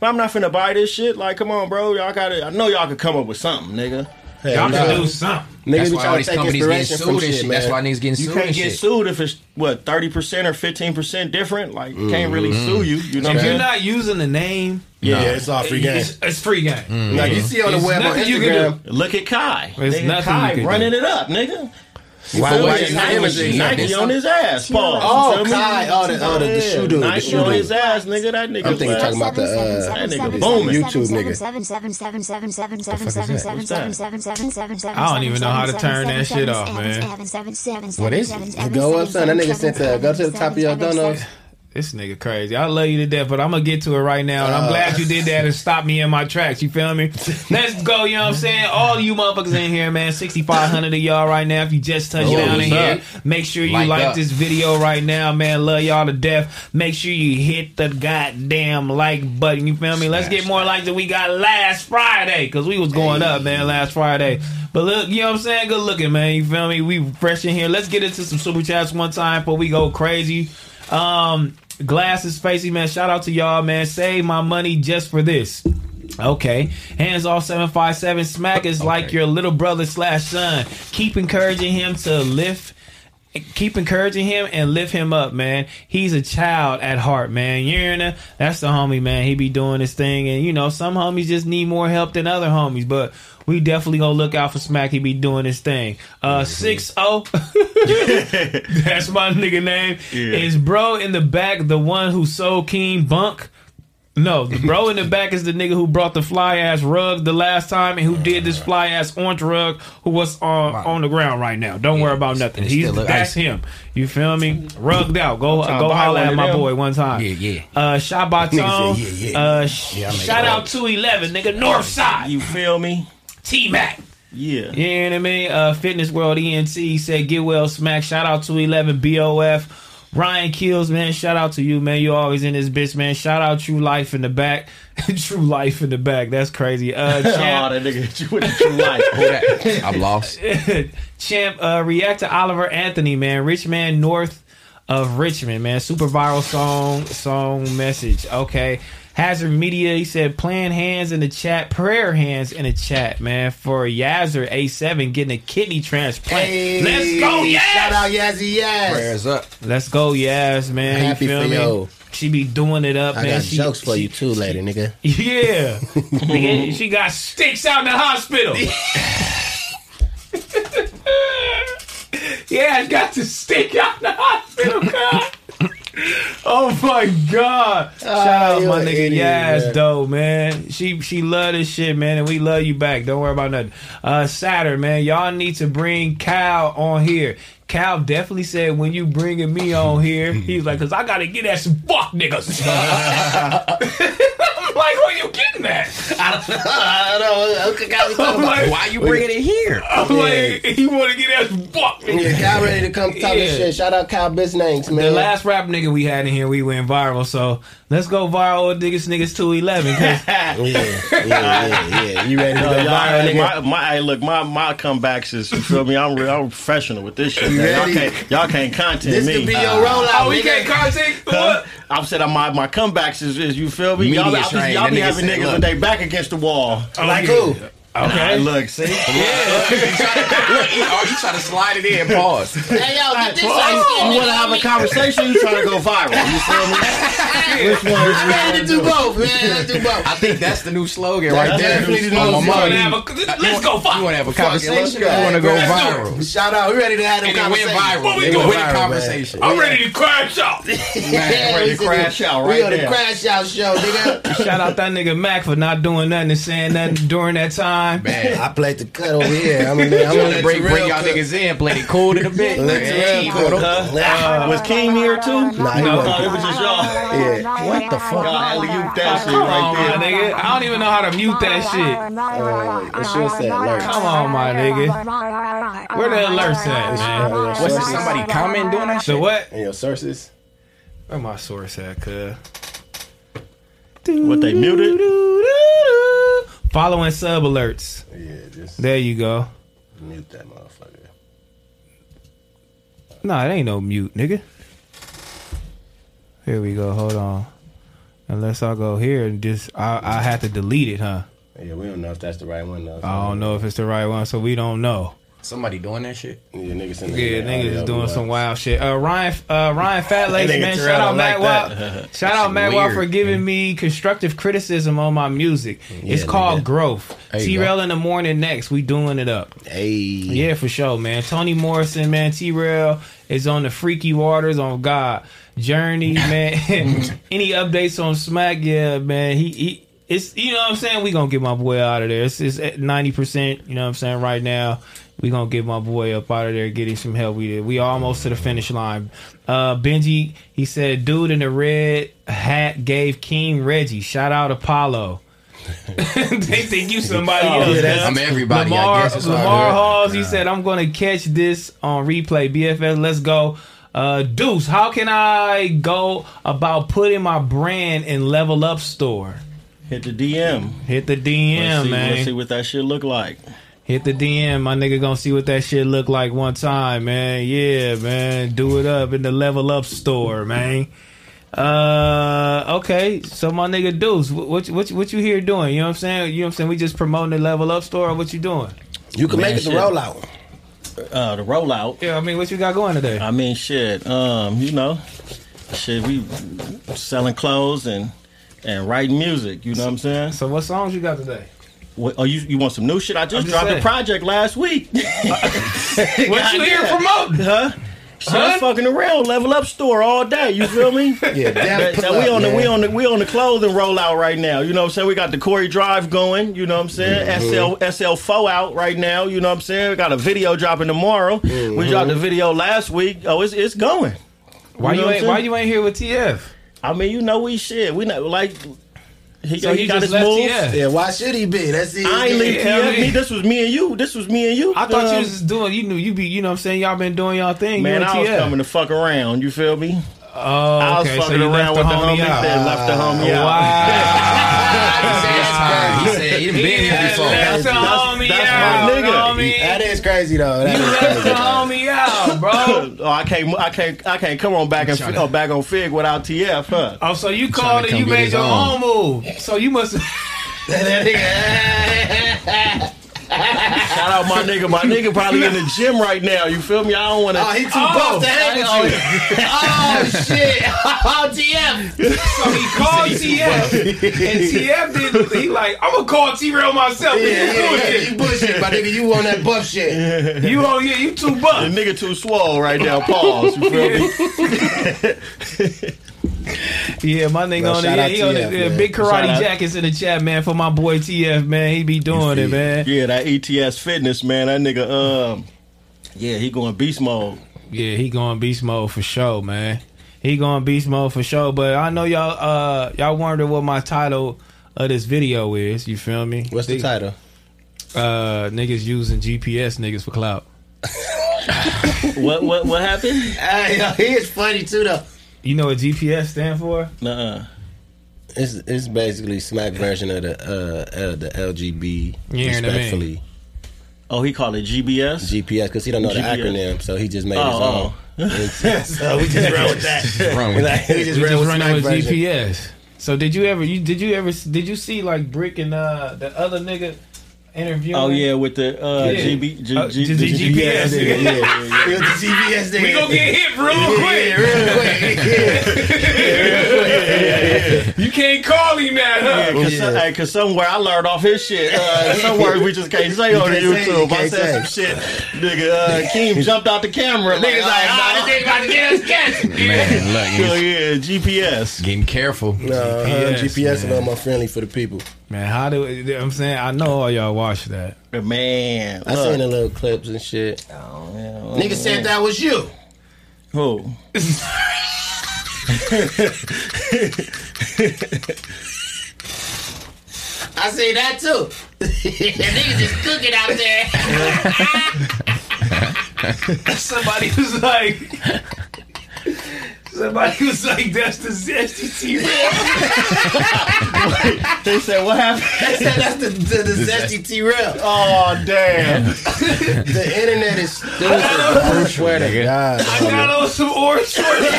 [SPEAKER 3] But I'm not finna buy this shit. Like, come on, bro. Y'all gotta. I know y'all could come up with something, nigga.
[SPEAKER 6] Hell
[SPEAKER 1] Y'all
[SPEAKER 6] no.
[SPEAKER 1] can do something.
[SPEAKER 5] That's
[SPEAKER 6] Niggas be
[SPEAKER 5] why all
[SPEAKER 6] trying
[SPEAKER 5] these
[SPEAKER 6] to take
[SPEAKER 5] companies getting
[SPEAKER 6] inspiration from
[SPEAKER 5] sued and
[SPEAKER 6] shit,
[SPEAKER 5] shit. That's why
[SPEAKER 6] man.
[SPEAKER 5] niggas getting
[SPEAKER 3] You
[SPEAKER 5] sued
[SPEAKER 3] can't
[SPEAKER 5] and
[SPEAKER 3] get
[SPEAKER 5] shit.
[SPEAKER 3] sued if it's what thirty percent or fifteen percent different. Like, can't really
[SPEAKER 6] Mm-hmm.
[SPEAKER 3] sue you. You know what
[SPEAKER 1] If
[SPEAKER 3] I'm
[SPEAKER 1] you're
[SPEAKER 3] saying?
[SPEAKER 1] not using the name,
[SPEAKER 6] Yeah, it's all free game.
[SPEAKER 1] It's, it's free game.
[SPEAKER 6] Like you see on the
[SPEAKER 1] It's
[SPEAKER 6] web on
[SPEAKER 1] nothing you can
[SPEAKER 6] Instagram,
[SPEAKER 3] Mm-hmm. Look at Kai.
[SPEAKER 1] There's
[SPEAKER 3] Nigga,
[SPEAKER 1] nothing
[SPEAKER 3] Kai
[SPEAKER 1] you can
[SPEAKER 3] running it up, nigga.
[SPEAKER 6] why
[SPEAKER 5] For what
[SPEAKER 6] why
[SPEAKER 5] you
[SPEAKER 6] you
[SPEAKER 5] do,
[SPEAKER 6] images?
[SPEAKER 5] you
[SPEAKER 3] Nike
[SPEAKER 5] this-
[SPEAKER 3] on his ass. Pause.
[SPEAKER 6] Oh,
[SPEAKER 3] You feel me?
[SPEAKER 6] Kai, oh, the- oh, the- the shoe dude, the
[SPEAKER 3] Nike
[SPEAKER 6] shoe
[SPEAKER 3] on
[SPEAKER 6] dude.
[SPEAKER 3] his ass, nigga. That nigga.
[SPEAKER 6] I'm thinking
[SPEAKER 3] was-
[SPEAKER 6] you're talking about the uh,
[SPEAKER 3] that nigga booming.
[SPEAKER 6] YouTube nigga.
[SPEAKER 1] I
[SPEAKER 2] I
[SPEAKER 1] don't even know how to turn that shit off, man.
[SPEAKER 5] What is it?
[SPEAKER 6] Go up, son. That nigga sent the go to the top of your donuts.
[SPEAKER 1] This nigga crazy. I love you to death, but I'm gonna get to it right now, and I'm glad you did that and stopped me in my tracks. You feel me? Let's go. You know what I'm saying? All you motherfuckers in here, man. 6,500 of y'all right now. If you just touched
[SPEAKER 5] Ooh,
[SPEAKER 1] down in
[SPEAKER 5] Oh, what's
[SPEAKER 1] here,
[SPEAKER 5] up?
[SPEAKER 1] make sure you
[SPEAKER 5] Like
[SPEAKER 1] like
[SPEAKER 5] up.
[SPEAKER 1] this video right now, man. Love y'all to death. Make sure you hit the goddamn like button. You feel me? Let's get more likes than we got last Friday because we was going up, man, last Friday. But look, you know what I'm saying? Good looking, man. You feel me? We fresh in here. Let's get into some super chats one time before we go crazy. Um, glasses, facey man. Shout out to y'all, man. Save my money just for this. Okay. Hands off 757. Smack is like your little brother slash son. Keep encouraging him to lift. Keep encouraging him and lift him up, man. He's a child at heart, man. Urina, that's the homie, man. He be doing his thing, and you know some homies just need more help than other homies. But we definitely gonna look out for Smack. He be doing his thing. Uh, six zero. That's my nigga name. Is bro in the back the one who sold King Bunk? No, the bro in the back is the nigga who brought the fly ass rug the last time and who did this fly ass orange rug who was on on the ground right now. Don't worry about nothing.
[SPEAKER 4] it's
[SPEAKER 1] He's
[SPEAKER 4] still look
[SPEAKER 1] that's
[SPEAKER 4] icy.
[SPEAKER 1] him. You feel me? Rugged out. Go
[SPEAKER 3] trying to
[SPEAKER 1] go
[SPEAKER 3] buy
[SPEAKER 1] holla
[SPEAKER 3] one
[SPEAKER 1] at
[SPEAKER 3] of
[SPEAKER 1] my
[SPEAKER 3] them.
[SPEAKER 1] boy one time.
[SPEAKER 4] Yeah, yeah.
[SPEAKER 1] Uh, shot by Tone.
[SPEAKER 4] Nigga said, yeah, yeah.
[SPEAKER 1] Uh, sh-
[SPEAKER 4] Yeah, I make
[SPEAKER 1] shout
[SPEAKER 4] it
[SPEAKER 1] out two eleven nigga North Side
[SPEAKER 3] You feel me?
[SPEAKER 1] T Mac.
[SPEAKER 3] Yeah.
[SPEAKER 1] You know what I mean? Uh, Fitness World ENT said, Get well, smack. Shout out to 11 BOF. Ryan Kills, man. Shout out to you, man. You always in this bitch, man. Shout out True Life in the back. True Life in the back. That's crazy. Uh,
[SPEAKER 3] Oh,
[SPEAKER 1] champ,
[SPEAKER 3] that nigga hit you with the true life.
[SPEAKER 4] I'm lost.
[SPEAKER 1] champ uh, react to Oliver Anthony, man. Rich man north of Richmond, man. Super viral song, song message. Okay. Hazard Media, he said, playing hands in the chat, prayer hands in the chat, man, for Yazzer A7 getting a kidney transplant. Let's go, Yaz!
[SPEAKER 2] Shout out Yazzie Yaz.
[SPEAKER 4] Prayers up.
[SPEAKER 1] Let's go, Yaz, man.
[SPEAKER 2] Happy
[SPEAKER 1] you feel
[SPEAKER 2] for
[SPEAKER 1] me?
[SPEAKER 2] yo.
[SPEAKER 1] She be doing it up,
[SPEAKER 2] I
[SPEAKER 1] man.
[SPEAKER 2] got
[SPEAKER 1] she,
[SPEAKER 2] jokes for
[SPEAKER 1] she-
[SPEAKER 2] you too later, nigga.
[SPEAKER 1] Yeah. Nigga, she got sticks out in the hospital. yeah, I got the stick out in the hospital, God. Oh my God! Shout out
[SPEAKER 2] Ah, you
[SPEAKER 1] my
[SPEAKER 2] an
[SPEAKER 1] nigga
[SPEAKER 2] idiot,
[SPEAKER 1] Yaz
[SPEAKER 2] man.
[SPEAKER 1] though, man. She she love this shit, man, and we love you back. Don't worry about nothing. Uh Saturn, man, y'all need to bring Cal on here. Cal definitely said when you bringing me on here, he was like, cause I gotta get at some fuck niggas. I'm like, who you getting at?
[SPEAKER 2] I don't know. Okay,
[SPEAKER 1] I'm like,
[SPEAKER 4] Why you bringing it here?
[SPEAKER 1] I'm like, he wanna get at some fuck niggas.
[SPEAKER 2] Yeah, Kyle ready to come talk
[SPEAKER 1] Yeah.
[SPEAKER 2] this shit. Shout out Kyle Bisnanks, man.
[SPEAKER 1] The last rap nigga we had in here, we went viral. So let's go viral with niggas, niggas 211. 'cause
[SPEAKER 2] yeah, yeah, yeah, yeah. You ready to go
[SPEAKER 3] Yo,
[SPEAKER 2] viral,
[SPEAKER 3] y'all,
[SPEAKER 2] nigga?
[SPEAKER 3] my, my, hey, look, my, my comebacks is, you feel me? I'm, real, I'm professional with this shit. man. Y'all
[SPEAKER 2] ready?
[SPEAKER 3] can't, y'all can't content
[SPEAKER 2] This
[SPEAKER 3] me.
[SPEAKER 2] could be your rollout.
[SPEAKER 1] Oh, we
[SPEAKER 2] nigga.
[SPEAKER 1] can't contact the
[SPEAKER 3] Huh?
[SPEAKER 1] what?
[SPEAKER 3] I'm saying my my comebacks is, is you feel me?
[SPEAKER 4] Media
[SPEAKER 3] Y'all, y'all,
[SPEAKER 4] train,
[SPEAKER 3] be- y'all be
[SPEAKER 4] that nigga
[SPEAKER 3] having
[SPEAKER 4] said,
[SPEAKER 3] niggas
[SPEAKER 4] look.
[SPEAKER 3] with their back against the wall.
[SPEAKER 2] Like who?
[SPEAKER 3] Okay, look, see,
[SPEAKER 4] Look, he, oh, he try to slide it in. Pause.
[SPEAKER 2] Hey, yo, get this
[SPEAKER 3] Oh,
[SPEAKER 2] ice
[SPEAKER 3] you want to have a conversation? You trying to go viral? You feel me? Which one?
[SPEAKER 2] I'm ready to do both, man. Let's do both.
[SPEAKER 4] I think that's the new slogan right
[SPEAKER 3] That's
[SPEAKER 4] there.
[SPEAKER 3] the new
[SPEAKER 4] Oh,
[SPEAKER 3] slogan.
[SPEAKER 4] my mama,
[SPEAKER 1] Wanna
[SPEAKER 4] you-
[SPEAKER 1] have a- Let's go
[SPEAKER 4] You want
[SPEAKER 1] fuck.
[SPEAKER 4] to have a conversation or you want to go viral?
[SPEAKER 2] Shout out. We ready to have them
[SPEAKER 4] And it went
[SPEAKER 2] conversations.
[SPEAKER 4] viral.
[SPEAKER 1] we
[SPEAKER 4] They
[SPEAKER 1] doing?
[SPEAKER 2] Viral,
[SPEAKER 4] went
[SPEAKER 2] man.
[SPEAKER 4] viral, conversation.
[SPEAKER 5] Oh,
[SPEAKER 1] I'm ready to crash out.
[SPEAKER 4] Man,
[SPEAKER 3] ready to
[SPEAKER 2] we
[SPEAKER 3] crash
[SPEAKER 2] said,
[SPEAKER 3] out
[SPEAKER 2] We
[SPEAKER 3] right
[SPEAKER 2] on the
[SPEAKER 3] there.
[SPEAKER 2] crash out show, nigga.
[SPEAKER 1] Shout out that nigga Mac for not doing nothing and saying nothing during that time.
[SPEAKER 4] man.
[SPEAKER 2] I played the cut over here. I'm gonna, I'm
[SPEAKER 4] Trying
[SPEAKER 2] gonna
[SPEAKER 4] to break, bring y'all
[SPEAKER 2] niggas.
[SPEAKER 4] niggas in, play it cool to the bit.
[SPEAKER 2] Let's
[SPEAKER 4] man.
[SPEAKER 2] real cool.
[SPEAKER 3] Uh, was King here too?
[SPEAKER 2] Nah, he
[SPEAKER 3] no,
[SPEAKER 2] wasn't.
[SPEAKER 3] it was just y'all.
[SPEAKER 2] Yeah. What the fuck?
[SPEAKER 3] Y'all alley-ooped that shit
[SPEAKER 1] Come on, my
[SPEAKER 3] right there.
[SPEAKER 1] nigga. I don't even know how to mute that shit.
[SPEAKER 2] Uh, it should say alert.
[SPEAKER 1] Come on, my nigga. Where the alerts at, man?
[SPEAKER 2] Your
[SPEAKER 4] What's
[SPEAKER 2] sources-
[SPEAKER 4] this? Somebody comment doing that shit?
[SPEAKER 1] So what?
[SPEAKER 2] And your sources?
[SPEAKER 1] Where my source at, cuz?
[SPEAKER 3] What they muted?
[SPEAKER 1] Following sub alerts.
[SPEAKER 2] Yeah, just
[SPEAKER 1] There you go.
[SPEAKER 2] mute that motherfucker.
[SPEAKER 1] Nah, it ain't no mute, nigga. Here we go. Hold on. Unless I go here and just I I have to delete it, huh?
[SPEAKER 2] Yeah, we don't know if that's the right one though.
[SPEAKER 1] I don't know if it's the right one, so we don't know.
[SPEAKER 4] Somebody doing that shit?
[SPEAKER 2] Yeah, niggas in
[SPEAKER 1] Yeah, niggas is doing some wild shit. Uh, Ryan, uh, Ryan Fatlace,
[SPEAKER 2] Nigga
[SPEAKER 1] man,
[SPEAKER 2] Terrell
[SPEAKER 1] shout out
[SPEAKER 2] like
[SPEAKER 1] Magwap, shout out Magwap
[SPEAKER 4] weird,
[SPEAKER 1] for giving me constructive criticism on my music. it's
[SPEAKER 2] Yeah,
[SPEAKER 1] called
[SPEAKER 2] nigga.
[SPEAKER 1] growth.
[SPEAKER 4] you
[SPEAKER 1] T Rail in the morning next. We doing it up.
[SPEAKER 2] Hey,
[SPEAKER 1] Yeah, for sure, man. Toni Morrison, man. T Rail is on the freaky waters on God journey, man. Any updates on Smack? Yeah, man. He he. It's you know what I'm saying. We gonna get my boy out of there. It's it's at ninety percent. You know what I'm saying right now. We gonna get my boy up out of there, get him some help. We did. We almost to the finish line. Uh, Benji, he said, dude in the red hat gave King Reggie. Shout out Apollo. they think you somebody else. huh?
[SPEAKER 4] I'm everybody.
[SPEAKER 1] Lamar,
[SPEAKER 4] I guess it's
[SPEAKER 1] Lamar
[SPEAKER 4] all
[SPEAKER 1] Halls, he said, I'm going to catch this on replay. BFS, let's go. Uh, Deuce, how can I go about putting my brand in Level Up Store?
[SPEAKER 3] Hit the DM.
[SPEAKER 1] Hit the DM,
[SPEAKER 3] let's see,
[SPEAKER 1] man.
[SPEAKER 3] Let's see what that shit look like.
[SPEAKER 1] Hit the DM, my nigga. Gonna see what that shit look like one time, man. Yeah, man. Do it up in the Level Up Store, man. Uh, okay. So my nigga Deuce, wh- what you- what you- what you here doing? You know what I'm saying? You know what I'm saying? We just promoting the level up store. Or what you doing?
[SPEAKER 2] You can
[SPEAKER 3] Man,
[SPEAKER 2] make it the
[SPEAKER 3] shit.
[SPEAKER 2] rollout.
[SPEAKER 3] Uh, the rollout.
[SPEAKER 1] Yeah, I mean, what you got going today?
[SPEAKER 3] I mean, shit. Um, you know, shit. We selling clothes and and writing music. You know what I'm saying?
[SPEAKER 1] so what songs you got today?
[SPEAKER 3] What, oh, you you want some new shit? I just,
[SPEAKER 1] just
[SPEAKER 3] dropped
[SPEAKER 1] saying.
[SPEAKER 3] a project last week.
[SPEAKER 1] What you here promoting?
[SPEAKER 3] huh? Shit, I'm fucking around, level up store all day. You feel me?
[SPEAKER 2] Yeah, damn
[SPEAKER 3] That-
[SPEAKER 2] it,
[SPEAKER 3] that
[SPEAKER 2] pull
[SPEAKER 3] we
[SPEAKER 2] up,
[SPEAKER 3] on the
[SPEAKER 2] man.
[SPEAKER 3] we on the we on the clothing rollout right now. You know what I'm saying? We got the Corey Drive going. You know what I'm saying? SL SL four out right now. You know what I'm saying? We got a video dropping tomorrow. We dropped the video last week. Oh, it's it's going.
[SPEAKER 1] Why
[SPEAKER 3] You know
[SPEAKER 1] you
[SPEAKER 3] what
[SPEAKER 1] ain't
[SPEAKER 3] I'm
[SPEAKER 1] Why
[SPEAKER 3] saying?
[SPEAKER 1] you ain't here with TF?
[SPEAKER 3] I mean, you know we shit. We not like he,
[SPEAKER 1] So
[SPEAKER 3] he
[SPEAKER 1] you
[SPEAKER 3] got
[SPEAKER 1] just
[SPEAKER 3] his
[SPEAKER 1] left
[SPEAKER 3] moves.
[SPEAKER 1] TF.
[SPEAKER 2] Yeah, why should he be? That's it.
[SPEAKER 3] I ain't leave
[SPEAKER 1] Yeah, I
[SPEAKER 3] TF.
[SPEAKER 1] mean-
[SPEAKER 3] me. This was me and you. This was me and you.
[SPEAKER 1] I thought you
[SPEAKER 3] Um,
[SPEAKER 1] was just doing. You knew you be. You know what I'm saying? Y'all been doing y'all thing.
[SPEAKER 3] man.
[SPEAKER 1] you and
[SPEAKER 3] I was
[SPEAKER 1] TF.
[SPEAKER 3] coming to fuck around. You feel me?
[SPEAKER 1] Oh,
[SPEAKER 3] I was
[SPEAKER 1] okay.
[SPEAKER 3] fucking
[SPEAKER 1] so you
[SPEAKER 3] around
[SPEAKER 1] left
[SPEAKER 3] with the
[SPEAKER 1] homie
[SPEAKER 3] homie.
[SPEAKER 1] out. Oh,
[SPEAKER 3] Then left the homie out.
[SPEAKER 1] Wow.
[SPEAKER 4] He said he been here
[SPEAKER 1] That's
[SPEAKER 4] before.
[SPEAKER 1] that's the
[SPEAKER 3] that's-
[SPEAKER 1] homie
[SPEAKER 3] that's my
[SPEAKER 1] out,
[SPEAKER 3] nigga.
[SPEAKER 1] homie.
[SPEAKER 2] That is crazy though. That
[SPEAKER 1] You
[SPEAKER 2] is
[SPEAKER 1] left
[SPEAKER 2] crazy.
[SPEAKER 1] the homie out, bro.
[SPEAKER 3] oh, I can't, I can't, I can't come on back and oh, back on Fig without TF, huh?
[SPEAKER 1] Oh, so you called it? You made your own move. So you must.
[SPEAKER 3] Shout out my nigga, my nigga probably in the gym right now. You feel me? I don't want to.
[SPEAKER 2] Oh, he too buff to hang with you.
[SPEAKER 6] Oh shit! Oh TF!
[SPEAKER 1] So he called TF, and TF did. He like, I'm gonna call T Rail myself.
[SPEAKER 2] Yeah,
[SPEAKER 1] Yeah,
[SPEAKER 2] yeah, yeah, You bullshit, my nigga. You on that buff shit.
[SPEAKER 1] You on? Yeah, you too
[SPEAKER 3] the
[SPEAKER 1] buff.
[SPEAKER 3] nigga too swole right now. Pause. You feel me?
[SPEAKER 1] Yeah, my nigga
[SPEAKER 2] Bro,
[SPEAKER 1] on
[SPEAKER 2] shout
[SPEAKER 1] it. Yeah, he on
[SPEAKER 2] out TF,
[SPEAKER 1] the
[SPEAKER 2] man.
[SPEAKER 1] big
[SPEAKER 3] Shout
[SPEAKER 1] karate
[SPEAKER 3] out.
[SPEAKER 1] jackets in the chat, man. For my boy TF, man, he be doing it, man.
[SPEAKER 3] Yeah, that ETS fitness man. That nigga, um, yeah, he going beast mode.
[SPEAKER 1] Yeah, he going beast mode for sure, man. He going beast mode for sure. But I know y'all uh y'all wonder what my title of this video is. You feel me?
[SPEAKER 2] What's the title?
[SPEAKER 1] Uh, niggas using GPS niggas for clout.
[SPEAKER 3] What what what happened?
[SPEAKER 2] Hey, yo, he is funny too though.
[SPEAKER 1] You know what GPS stand for?
[SPEAKER 3] Nuh-uh.
[SPEAKER 2] It's it's basically smack version of the uh, uh the LGB
[SPEAKER 1] You hearing what I mean?
[SPEAKER 2] respectfully
[SPEAKER 3] Oh, he called it GBS.
[SPEAKER 2] GPS because he don't know the
[SPEAKER 3] GPS.
[SPEAKER 2] acronym, so he just made
[SPEAKER 3] Oh,
[SPEAKER 2] his own. so we just ran with that.
[SPEAKER 4] Wrong with that.
[SPEAKER 2] we just
[SPEAKER 1] We
[SPEAKER 2] ran
[SPEAKER 1] just
[SPEAKER 2] with
[SPEAKER 1] running
[SPEAKER 2] smack
[SPEAKER 1] with
[SPEAKER 2] version.
[SPEAKER 1] GPS. So did you ever? You did you ever? Did you see like Brick and uh the other nigga interviewing?
[SPEAKER 3] Oh yeah, with the uh,
[SPEAKER 1] Yeah.
[SPEAKER 3] GB, G,
[SPEAKER 1] Uh,
[SPEAKER 3] G,
[SPEAKER 1] G- G-
[SPEAKER 3] GPS.
[SPEAKER 1] GPS.
[SPEAKER 3] Yeah, yeah, yeah.
[SPEAKER 2] It was the GPS thing.
[SPEAKER 1] We gonna get hit real
[SPEAKER 2] yeah,
[SPEAKER 1] quick.
[SPEAKER 2] real quick. Yeah.
[SPEAKER 1] You can't call him
[SPEAKER 2] Oh,
[SPEAKER 1] that, huh?
[SPEAKER 3] Cause, some- hey, 'cause somewhere I learned off his shit. Uh, some words we just can't say on the
[SPEAKER 2] can't say, you
[SPEAKER 3] YouTube. I
[SPEAKER 2] can't
[SPEAKER 3] said some shit, nigga. Uh, Keem jumped out the camera. Niggas like,
[SPEAKER 2] ah,
[SPEAKER 6] Oh, this nigga about to get us canceled.
[SPEAKER 4] Man, look,
[SPEAKER 3] oh,
[SPEAKER 4] he's
[SPEAKER 3] yeah, GPS.
[SPEAKER 4] getting careful.
[SPEAKER 2] No,
[SPEAKER 1] GPS,
[SPEAKER 2] GPS, GPS is a
[SPEAKER 1] man.
[SPEAKER 2] little more friendly for the people.
[SPEAKER 1] Man, how do I'm saying? I know all y'all watch that.
[SPEAKER 3] Man,
[SPEAKER 2] I seen the little clips and shit.
[SPEAKER 6] Nigga said that was you.
[SPEAKER 3] who?
[SPEAKER 6] I say that too. Niggas is cooking out there.
[SPEAKER 1] Somebody was like, somebody was like, that's the zesty T-Rail.
[SPEAKER 3] They said what happened?
[SPEAKER 2] That's, that's the, the, the zesty T rail.
[SPEAKER 3] Oh damn!
[SPEAKER 2] The internet is stupid. I swear to God.
[SPEAKER 1] I got on some orange shorts.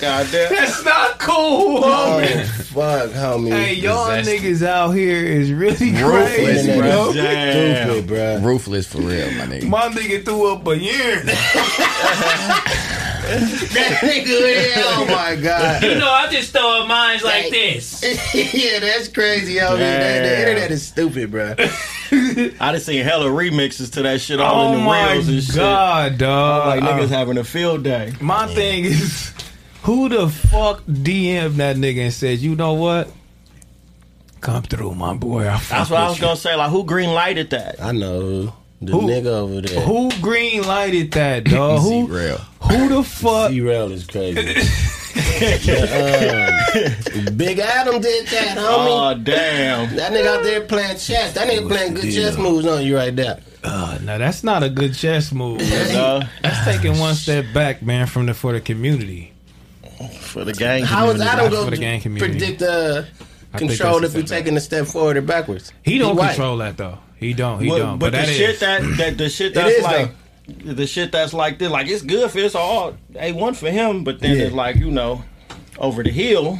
[SPEAKER 3] God damn!
[SPEAKER 1] That's not cool, homie.
[SPEAKER 2] Oh, fuck, homie.
[SPEAKER 1] Hey, y'all
[SPEAKER 4] Disaster.
[SPEAKER 1] niggas out here is really
[SPEAKER 4] Ruthless,
[SPEAKER 1] crazy,
[SPEAKER 2] Internet
[SPEAKER 1] bro.
[SPEAKER 2] is
[SPEAKER 3] Damn.
[SPEAKER 2] Stupid, bro.
[SPEAKER 4] Ruthless for real, my nigga.
[SPEAKER 1] My nigga threw up a year.
[SPEAKER 6] that nigga,
[SPEAKER 2] Oh my God.
[SPEAKER 6] you know, I just throw minds like this.
[SPEAKER 2] yeah, that's crazy, homie. That-
[SPEAKER 3] Yeah.
[SPEAKER 2] The internet is stupid, bro.
[SPEAKER 3] I done seen hella remixes to that shit all
[SPEAKER 1] Oh
[SPEAKER 3] in the
[SPEAKER 1] my
[SPEAKER 3] reels and shit.
[SPEAKER 1] god, dog.
[SPEAKER 2] Uh,
[SPEAKER 3] Like niggas having a field day.
[SPEAKER 1] my thing is, who the fuck DM'd that nigga and said, you know what? Come through, my boy. I fuck
[SPEAKER 3] That's what I was
[SPEAKER 1] with you."
[SPEAKER 3] gonna say. Like, who green lighted that?
[SPEAKER 2] I know the
[SPEAKER 1] Who-
[SPEAKER 2] nigga over there.
[SPEAKER 1] Who green lighted that, dog? who,
[SPEAKER 4] Real.
[SPEAKER 1] who the fuck?
[SPEAKER 2] T-Rail is crazy. The, um, Big Adam did that, homie.
[SPEAKER 3] Oh damn!
[SPEAKER 2] that nigga out there playing chess. That nigga playing good chess moves on you right there.
[SPEAKER 1] Uh, now that's not a good chess move.
[SPEAKER 3] No,
[SPEAKER 1] That's taking one step back, man, from the for the community.
[SPEAKER 3] for the gang.
[SPEAKER 2] How is
[SPEAKER 3] community.
[SPEAKER 2] Adam
[SPEAKER 1] That's for
[SPEAKER 2] going
[SPEAKER 1] the gang
[SPEAKER 2] to
[SPEAKER 1] community.
[SPEAKER 2] predict uh, control
[SPEAKER 1] that's
[SPEAKER 2] if
[SPEAKER 1] the
[SPEAKER 2] we're
[SPEAKER 1] setback.
[SPEAKER 2] taking a step forward or backwards?
[SPEAKER 1] He don't
[SPEAKER 2] white.
[SPEAKER 1] control that though. He don't. He
[SPEAKER 3] Well,
[SPEAKER 1] don't.
[SPEAKER 3] But,
[SPEAKER 1] that
[SPEAKER 3] the
[SPEAKER 1] is-
[SPEAKER 3] shit that, that the shit
[SPEAKER 2] It
[SPEAKER 3] that's
[SPEAKER 2] is,
[SPEAKER 3] like
[SPEAKER 2] though.
[SPEAKER 3] the shit that's like this, like it's good for it's all a one for him, but then
[SPEAKER 5] Yeah.
[SPEAKER 3] it's like you know, over the hill,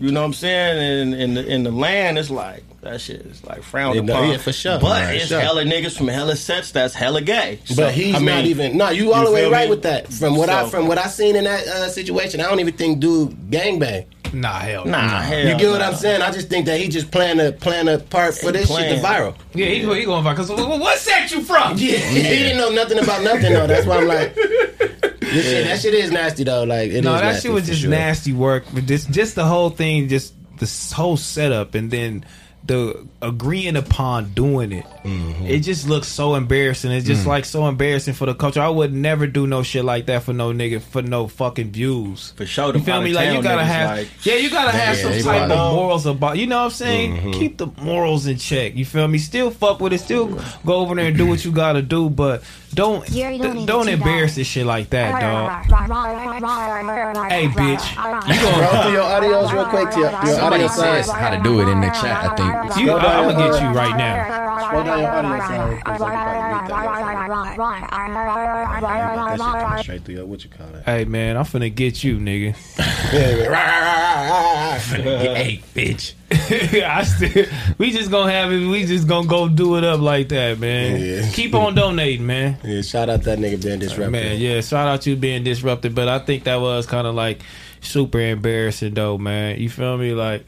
[SPEAKER 3] you know what I'm saying, and in the in the land, it's like that shit is like frowned
[SPEAKER 2] Yeah, no,
[SPEAKER 3] upon.
[SPEAKER 2] yeah, for sure.
[SPEAKER 3] But
[SPEAKER 2] Right,
[SPEAKER 3] it's
[SPEAKER 2] sure.
[SPEAKER 3] hella niggas from hella sets that's hella gay. So,
[SPEAKER 2] But he's
[SPEAKER 3] I mean,
[SPEAKER 2] not even. No, you all
[SPEAKER 3] you
[SPEAKER 2] the way
[SPEAKER 3] feel
[SPEAKER 2] right
[SPEAKER 3] me?
[SPEAKER 2] with that. From what I
[SPEAKER 3] So-
[SPEAKER 2] from what I seen in that uh, situation, I don't even think dude gangbang.
[SPEAKER 1] Nah, hell.
[SPEAKER 3] Nah, hell
[SPEAKER 2] You get what
[SPEAKER 3] nah.
[SPEAKER 2] I'm saying? I just think that he just playing a playing a part for
[SPEAKER 3] He
[SPEAKER 2] this shit
[SPEAKER 3] playing.
[SPEAKER 2] to viral.
[SPEAKER 1] Yeah, he, go- he going viral. Cause wh- what set you from?
[SPEAKER 2] Yeah. he didn't know nothing about nothing though. That's why I'm like, this shit, that shit is nasty though. Like, it is
[SPEAKER 1] No, that
[SPEAKER 2] nasty
[SPEAKER 1] shit was
[SPEAKER 2] for
[SPEAKER 1] just
[SPEAKER 2] sure.
[SPEAKER 1] nasty work. But just just the whole thing, just this whole setup, and then the agreeing upon doing it.
[SPEAKER 2] Mm-hmm.
[SPEAKER 1] It just looks so embarrassing. It's
[SPEAKER 2] Mm.
[SPEAKER 1] just like so embarrassing for the culture. I would never do no shit like that for no nigga for no fucking views.
[SPEAKER 3] for sure.
[SPEAKER 1] You feel me? Like you gotta have, yeah, you gotta have
[SPEAKER 2] Yeah,
[SPEAKER 1] some
[SPEAKER 2] they Mm-hmm.
[SPEAKER 1] type
[SPEAKER 2] probably-
[SPEAKER 1] of morals about. You know what I'm saying? Keep the morals in check. You feel me? Still fuck with it. Still go over there and do what you gotta do, but don't
[SPEAKER 4] Yeah, you don't
[SPEAKER 1] don't,
[SPEAKER 4] need
[SPEAKER 1] don't
[SPEAKER 4] to do
[SPEAKER 1] embarrass
[SPEAKER 4] that.
[SPEAKER 1] this shit like that, dog. Hey,
[SPEAKER 4] Hey,
[SPEAKER 1] bitch.
[SPEAKER 4] You
[SPEAKER 2] Bro, throw your audios real quick to your, your
[SPEAKER 5] Somebody
[SPEAKER 2] audio side.
[SPEAKER 5] says how to do it in the chat. I think.
[SPEAKER 1] You,
[SPEAKER 2] down,
[SPEAKER 1] I'm gonna get you
[SPEAKER 2] uh,
[SPEAKER 1] right now.
[SPEAKER 2] Scroll down your audio side. Because I can probably read that. That shit coming straight through your, what you call that?
[SPEAKER 1] Hey man, I'm finna get you, nigga.
[SPEAKER 5] Hey, bitch.
[SPEAKER 1] I still, we just gonna have it. We just gonna go do it up like that, man.
[SPEAKER 2] Yeah.
[SPEAKER 1] Keep on donating, man.
[SPEAKER 2] Yeah, shout out that nigga being disruptive.
[SPEAKER 1] Man, yeah, shout out you being disrupted, but I think that was kind of like super embarrassing though, man. You feel me? Like,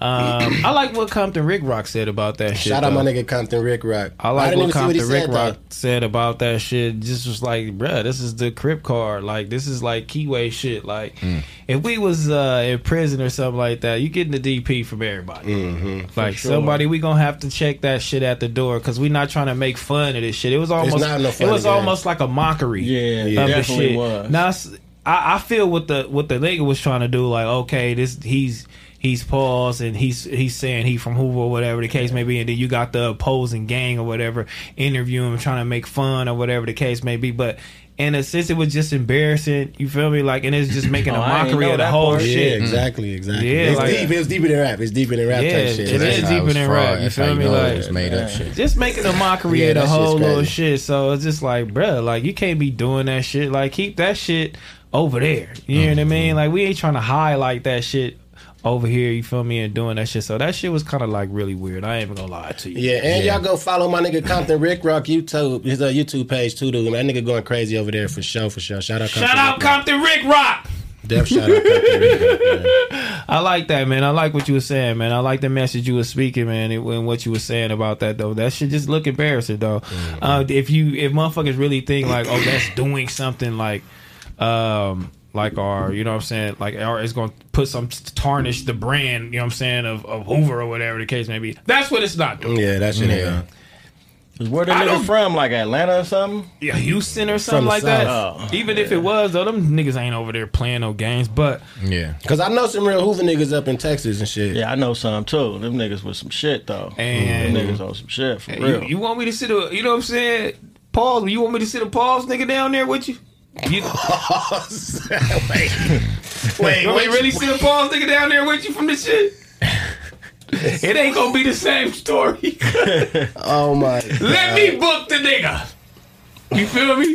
[SPEAKER 1] um, I like what Compton Rick Rock said about that shit.
[SPEAKER 2] Shout out my
[SPEAKER 1] though.
[SPEAKER 2] nigga Compton Rick Rock.
[SPEAKER 1] I like
[SPEAKER 2] didn't
[SPEAKER 1] what
[SPEAKER 2] even see what he
[SPEAKER 1] Compton Rick
[SPEAKER 2] said,
[SPEAKER 1] Rock
[SPEAKER 2] though.
[SPEAKER 1] said about that shit. Just was like, bruh, this is the Crip card. Like, this is like Keyway shit. Like,
[SPEAKER 2] Mm.
[SPEAKER 1] if we was uh, in prison or something like that, you getting the DP from everybody.
[SPEAKER 2] Mm-hmm,
[SPEAKER 1] like, somebody we gonna have to check that shit at the door because we not trying to make fun of this shit. It was almost,
[SPEAKER 2] not no
[SPEAKER 1] it
[SPEAKER 2] fun
[SPEAKER 1] was
[SPEAKER 2] of that.
[SPEAKER 1] almost like a mockery.
[SPEAKER 3] Yeah, yeah,
[SPEAKER 1] of the
[SPEAKER 3] definitely
[SPEAKER 1] shit.
[SPEAKER 3] was.
[SPEAKER 1] Now, s- I, I feel what the what the nigga was trying to do. Like, okay, this he's he's paused and he's he's saying he from Hoover or whatever the case may be, and then you got the opposing gang or whatever interviewing, trying to make fun or whatever the case may be, but. In a sense, it was just embarrassing. You feel me? Like, and it's just making a
[SPEAKER 3] I ain't
[SPEAKER 1] mockery
[SPEAKER 3] know
[SPEAKER 1] of the
[SPEAKER 3] that
[SPEAKER 1] whole
[SPEAKER 3] part.
[SPEAKER 2] Yeah,
[SPEAKER 1] shit.
[SPEAKER 2] Oh, exactly, exactly.
[SPEAKER 1] Yeah,
[SPEAKER 2] it's
[SPEAKER 1] like-
[SPEAKER 2] deep. It's deeper than rap. It's deeper than rap
[SPEAKER 1] Yeah,
[SPEAKER 2] type shit.
[SPEAKER 1] it
[SPEAKER 2] Like,
[SPEAKER 1] is deeper than rap, you feel me? Like-
[SPEAKER 5] it's made up shit.
[SPEAKER 1] just making a mockery
[SPEAKER 2] Yeah,
[SPEAKER 1] of the
[SPEAKER 2] that shit's
[SPEAKER 1] whole little
[SPEAKER 2] crazy.
[SPEAKER 1] shit. So it's just like, bruh, like you can't be doing that shit. Like keep that shit over there. You know what I
[SPEAKER 2] Mm-hmm.
[SPEAKER 1] mean? Like we ain't trying to highlight that shit over here. You feel me? And doing that shit. So that shit was kind of like really weird. I ain't even gonna lie to you.
[SPEAKER 2] Yeah, and y'all go follow my nigga Compton Rick Rock YouTube his uh, YouTube page too, dude. That nigga going crazy over there for sure, for sure. Shout out, Compton
[SPEAKER 1] Shout out
[SPEAKER 2] Rick Rock.
[SPEAKER 1] Compton Rick Rock.
[SPEAKER 2] Def shout out Compton Rick Rock. man.
[SPEAKER 1] I like that, man. I like what you were saying, man. I like the message you were speaking, man, and and what you were saying about that, though. That should just look embarrassing, though.
[SPEAKER 3] Mm-hmm.
[SPEAKER 1] Uh, if you, if motherfuckers really think like, oh, that's doing something like, um, like our, you know what I'm saying, like, or it's gonna put some tarnish the brand, you know what I'm saying, of, of Hoover or whatever the case may be. That's what it's not doing.
[SPEAKER 2] Yeah, that shit. Yeah.
[SPEAKER 3] Where the
[SPEAKER 1] I
[SPEAKER 3] nigga
[SPEAKER 1] don't-
[SPEAKER 3] from? Like Atlanta or something?
[SPEAKER 1] Yeah, Houston or something
[SPEAKER 2] From the
[SPEAKER 1] like that.
[SPEAKER 3] South.
[SPEAKER 1] Even if it was, though, them niggas ain't over there playing no games. But
[SPEAKER 5] Yeah.
[SPEAKER 2] Cause I know some real Hoover niggas up in Texas and shit.
[SPEAKER 3] Yeah, I know some too. Them niggas with some shit though.
[SPEAKER 1] And-
[SPEAKER 3] Mm-hmm. Them niggas on some shit for real.
[SPEAKER 1] You, you want me to sit a, you know what I'm saying? Pause. You want me to sit a pause nigga down there with you? You,
[SPEAKER 2] Wait,
[SPEAKER 1] you want me to really sit a pause nigga down there with you from this shit? it ain't gonna be the same story.
[SPEAKER 2] Oh my.
[SPEAKER 1] Let me book the nigga. You feel me?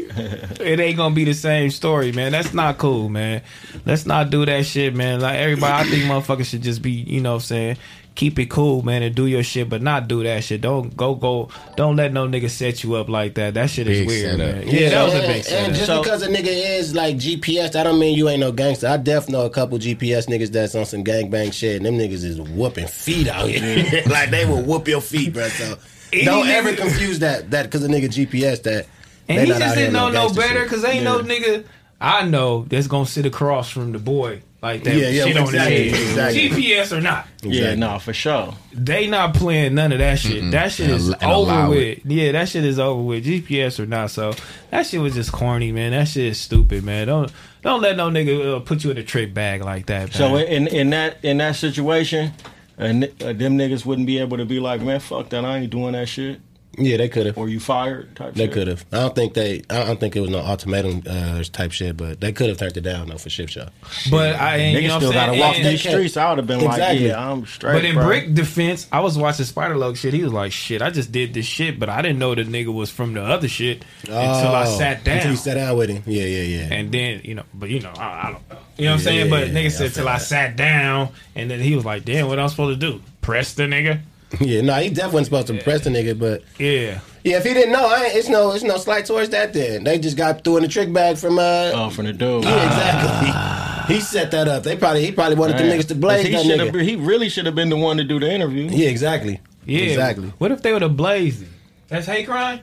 [SPEAKER 1] it ain't gonna be the same story, man. That's not cool, man. Let's not do that shit, man. Like everybody, I think motherfuckers should just be, you know what I'm saying? Keep it cool, man, and do your shit, but not do that shit. Don't go go don't let no nigga set you up like that. That shit is
[SPEAKER 5] Big
[SPEAKER 1] weird,
[SPEAKER 5] setup.
[SPEAKER 1] man. Yeah, that was a
[SPEAKER 2] And-
[SPEAKER 1] big setup.
[SPEAKER 2] And just
[SPEAKER 3] So-
[SPEAKER 2] because a nigga is like GPS, I don't mean you ain't no gangster. I def know a couple GPS niggas that's on some gangbang shit, and them niggas is whooping feet out here. like they will whoop your feet, bro. So don't
[SPEAKER 1] Any
[SPEAKER 2] ever
[SPEAKER 1] nigga-
[SPEAKER 2] confuse that that because a nigga GPS that.
[SPEAKER 1] And
[SPEAKER 2] they
[SPEAKER 1] he
[SPEAKER 2] not out
[SPEAKER 1] just
[SPEAKER 2] here
[SPEAKER 1] didn't know no
[SPEAKER 2] gangster
[SPEAKER 1] better
[SPEAKER 2] shit.
[SPEAKER 1] because ain't no nigga I know that's gonna sit across from the boy like that.
[SPEAKER 2] Yeah, yeah,
[SPEAKER 1] shit on
[SPEAKER 2] exactly,
[SPEAKER 1] his head.
[SPEAKER 2] exactly.
[SPEAKER 1] GPS or not,
[SPEAKER 3] Yeah, no, for sure.
[SPEAKER 1] they not playing none of that shit. That shit is
[SPEAKER 5] And al- and
[SPEAKER 1] over
[SPEAKER 5] allow
[SPEAKER 1] with.
[SPEAKER 5] it.
[SPEAKER 1] Yeah, that shit is over with. GPS or not, so that shit was just corny, man. That shit is stupid, man. Don't don't let no nigga uh, put you in a trick bag like that.
[SPEAKER 3] So
[SPEAKER 1] man.
[SPEAKER 3] in in that in that situation, and uh, them niggas wouldn't be able to be like, man, fuck that, I ain't doing that shit.
[SPEAKER 2] Yeah, they could have.
[SPEAKER 3] Or you fired type
[SPEAKER 2] They
[SPEAKER 3] shit?
[SPEAKER 2] could have. I don't think they. I don't think it was no ultimatum uh, type shit, but they could have turned it down though for ship show.
[SPEAKER 1] But I ain't.
[SPEAKER 3] Niggas
[SPEAKER 1] You know what
[SPEAKER 3] still
[SPEAKER 1] I'm
[SPEAKER 3] gotta
[SPEAKER 1] saying?
[SPEAKER 3] walk
[SPEAKER 1] And-
[SPEAKER 3] these streets. I would have been
[SPEAKER 2] Exactly.
[SPEAKER 3] like, yeah, I'm straight.
[SPEAKER 1] But in
[SPEAKER 3] bro.
[SPEAKER 1] Brick defense, I was watching Spider Log shit. He was like, "Shit, I just did this shit, but I didn't know the nigga was from the other shit until I
[SPEAKER 2] Oh,
[SPEAKER 1] sat
[SPEAKER 2] Until
[SPEAKER 1] down."
[SPEAKER 2] you sat down with him. Yeah, yeah, yeah.
[SPEAKER 1] and then you know, but you know, I, I don't know. You know what I'm saying?
[SPEAKER 2] Yeah,
[SPEAKER 1] But
[SPEAKER 2] yeah,
[SPEAKER 1] nigga
[SPEAKER 2] I
[SPEAKER 1] said
[SPEAKER 2] feel
[SPEAKER 1] till I
[SPEAKER 2] that.
[SPEAKER 1] sat down, and then he was like, "Damn, what I'm supposed to do? Press the nigga?"
[SPEAKER 2] yeah, no, he definitely wasn't supposed to press the nigga, but
[SPEAKER 1] Yeah.
[SPEAKER 2] yeah, if he didn't know, I ain't, it's no, it's no slight towards that. Then they just got threw in the trick bag from uh,
[SPEAKER 3] Oh, from the dude.
[SPEAKER 2] yeah, exactly. he set that up. They probably, he probably wanted
[SPEAKER 3] Man.
[SPEAKER 2] the niggas to blaze
[SPEAKER 3] He
[SPEAKER 2] that
[SPEAKER 3] shoulda
[SPEAKER 2] nigga.
[SPEAKER 3] been- He really should have been the one to do the interview.
[SPEAKER 2] yeah, exactly.
[SPEAKER 1] Yeah.
[SPEAKER 2] exactly.
[SPEAKER 1] What if they would have blazed him? That's hate crime?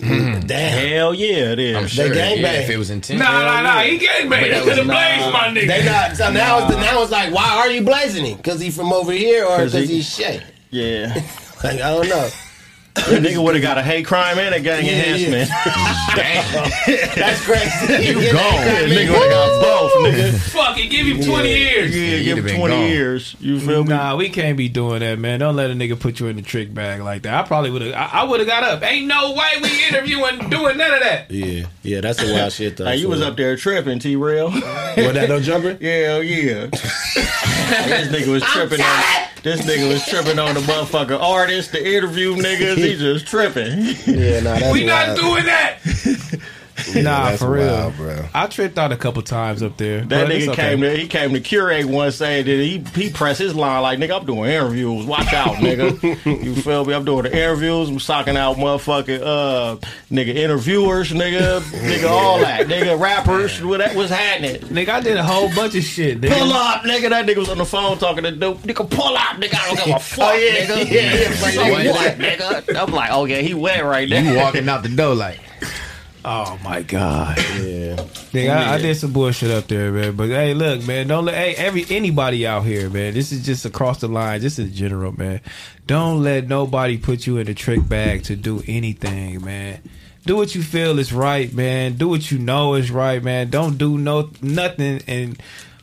[SPEAKER 2] Damn.
[SPEAKER 3] Hell yeah, it is.
[SPEAKER 5] I'm sure.
[SPEAKER 2] gangbang.
[SPEAKER 5] Yeah, if it was
[SPEAKER 1] Nah,
[SPEAKER 5] intense.
[SPEAKER 1] nah, nah. He gave me.
[SPEAKER 5] But
[SPEAKER 1] They
[SPEAKER 5] that
[SPEAKER 1] could
[SPEAKER 5] was-
[SPEAKER 1] have blazed my nigga.
[SPEAKER 2] They not. So now it's now it's like, why are you blazing him? Because he from over here, or
[SPEAKER 3] 'Cause
[SPEAKER 2] because
[SPEAKER 3] he-
[SPEAKER 2] he's shit.
[SPEAKER 3] Yeah,
[SPEAKER 2] Like I don't know.
[SPEAKER 3] that nigga would have got a hate crime and a gang
[SPEAKER 2] Yeah,
[SPEAKER 3] enhancement.
[SPEAKER 2] That's crazy.
[SPEAKER 3] You gone, nigga. woulda got both, nigga.
[SPEAKER 1] Fuck it. Give him 20 years.
[SPEAKER 3] Yeah,
[SPEAKER 5] you'd
[SPEAKER 3] give
[SPEAKER 5] have
[SPEAKER 3] him
[SPEAKER 5] been
[SPEAKER 3] twenty
[SPEAKER 5] gone.
[SPEAKER 3] years. You feel me?
[SPEAKER 1] Nah, we can't be doing that, man. Don't let a nigga put you in the trick bag like that. I probably would have. I, I would have got up. Ain't no way we interviewing doing none of that.
[SPEAKER 2] Yeah, yeah, that's a wild shit though.
[SPEAKER 3] Like you was up there tripping, T. Rail.
[SPEAKER 2] What that no jumper?
[SPEAKER 3] Hell yeah. this nigga was tripping on this nigga was tripping on the motherfucking artist, the interview niggas. He just tripping.
[SPEAKER 2] Yeah, nah, that's
[SPEAKER 1] We not
[SPEAKER 2] wild.
[SPEAKER 1] doing that. nah,
[SPEAKER 2] That's
[SPEAKER 1] for real.
[SPEAKER 2] wild, bro.
[SPEAKER 1] I tripped out a couple times up there.
[SPEAKER 3] That
[SPEAKER 1] but it's
[SPEAKER 3] nigga
[SPEAKER 1] okay.
[SPEAKER 3] came to he came to curate one saying that he he pressed his line like nigga I'm doing interviews watch out nigga you feel me I'm doing the interviews I'm socking out motherfucking uh nigga interviewers nigga nigga all that nigga rappers what that was happening
[SPEAKER 1] Nigga, I did a whole bunch of shit. Nigga.
[SPEAKER 3] pull up nigga that nigga was on the phone talking to dude nigga pull up nigga I don't give a fuck nigga Oh, yeah,
[SPEAKER 5] What?
[SPEAKER 3] nigga I'm like oh yeah he wet right now
[SPEAKER 5] You walking out the door like
[SPEAKER 1] Oh my god.
[SPEAKER 2] Yeah,
[SPEAKER 1] Nigga, I, I did some bullshit up there, man. But hey, look, man, don't let hey, every anybody out here, man. This is just across the line, just in general, man. Don't let nobody put you in the trick bag to do anything, man. Do what you feel is right, man. Do what you know is right, man. Don't do no nothing and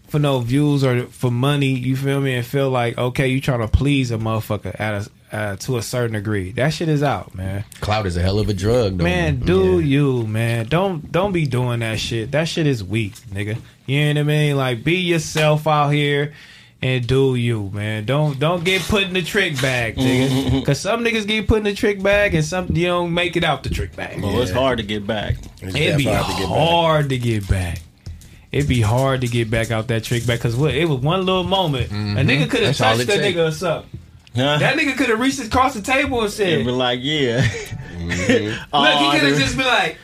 [SPEAKER 1] for no views or for money. You feel me? And feel like okay, you trying to please a motherfucker at a uh, to a certain degree. That shit is out, man.
[SPEAKER 5] cloud is a hell of a drug, though.
[SPEAKER 1] Man, do you, man. Don't don't be doing that shit. That shit is weak, nigga. You know what I mean? Like be yourself out here and do you, man. Don't don't get put in the trick bag, nigga. Cause some niggas get put in the trick bag and some you don't make it out the trick bag.
[SPEAKER 3] well it's hard to get back
[SPEAKER 2] It's
[SPEAKER 1] It'd
[SPEAKER 2] that
[SPEAKER 1] be
[SPEAKER 2] hard to get back.
[SPEAKER 1] hard to get back. It'd be hard to get back out that trick bag because what it was one little moment. A nigga could have
[SPEAKER 5] That's all
[SPEAKER 1] touched
[SPEAKER 5] it
[SPEAKER 1] that
[SPEAKER 5] take.
[SPEAKER 1] nigga or something.
[SPEAKER 3] huh?
[SPEAKER 1] That nigga could have reached across the table and said,
[SPEAKER 3] and be like yeah Mm-hmm.
[SPEAKER 1] Look, he could
[SPEAKER 3] Harder.
[SPEAKER 1] have just been like,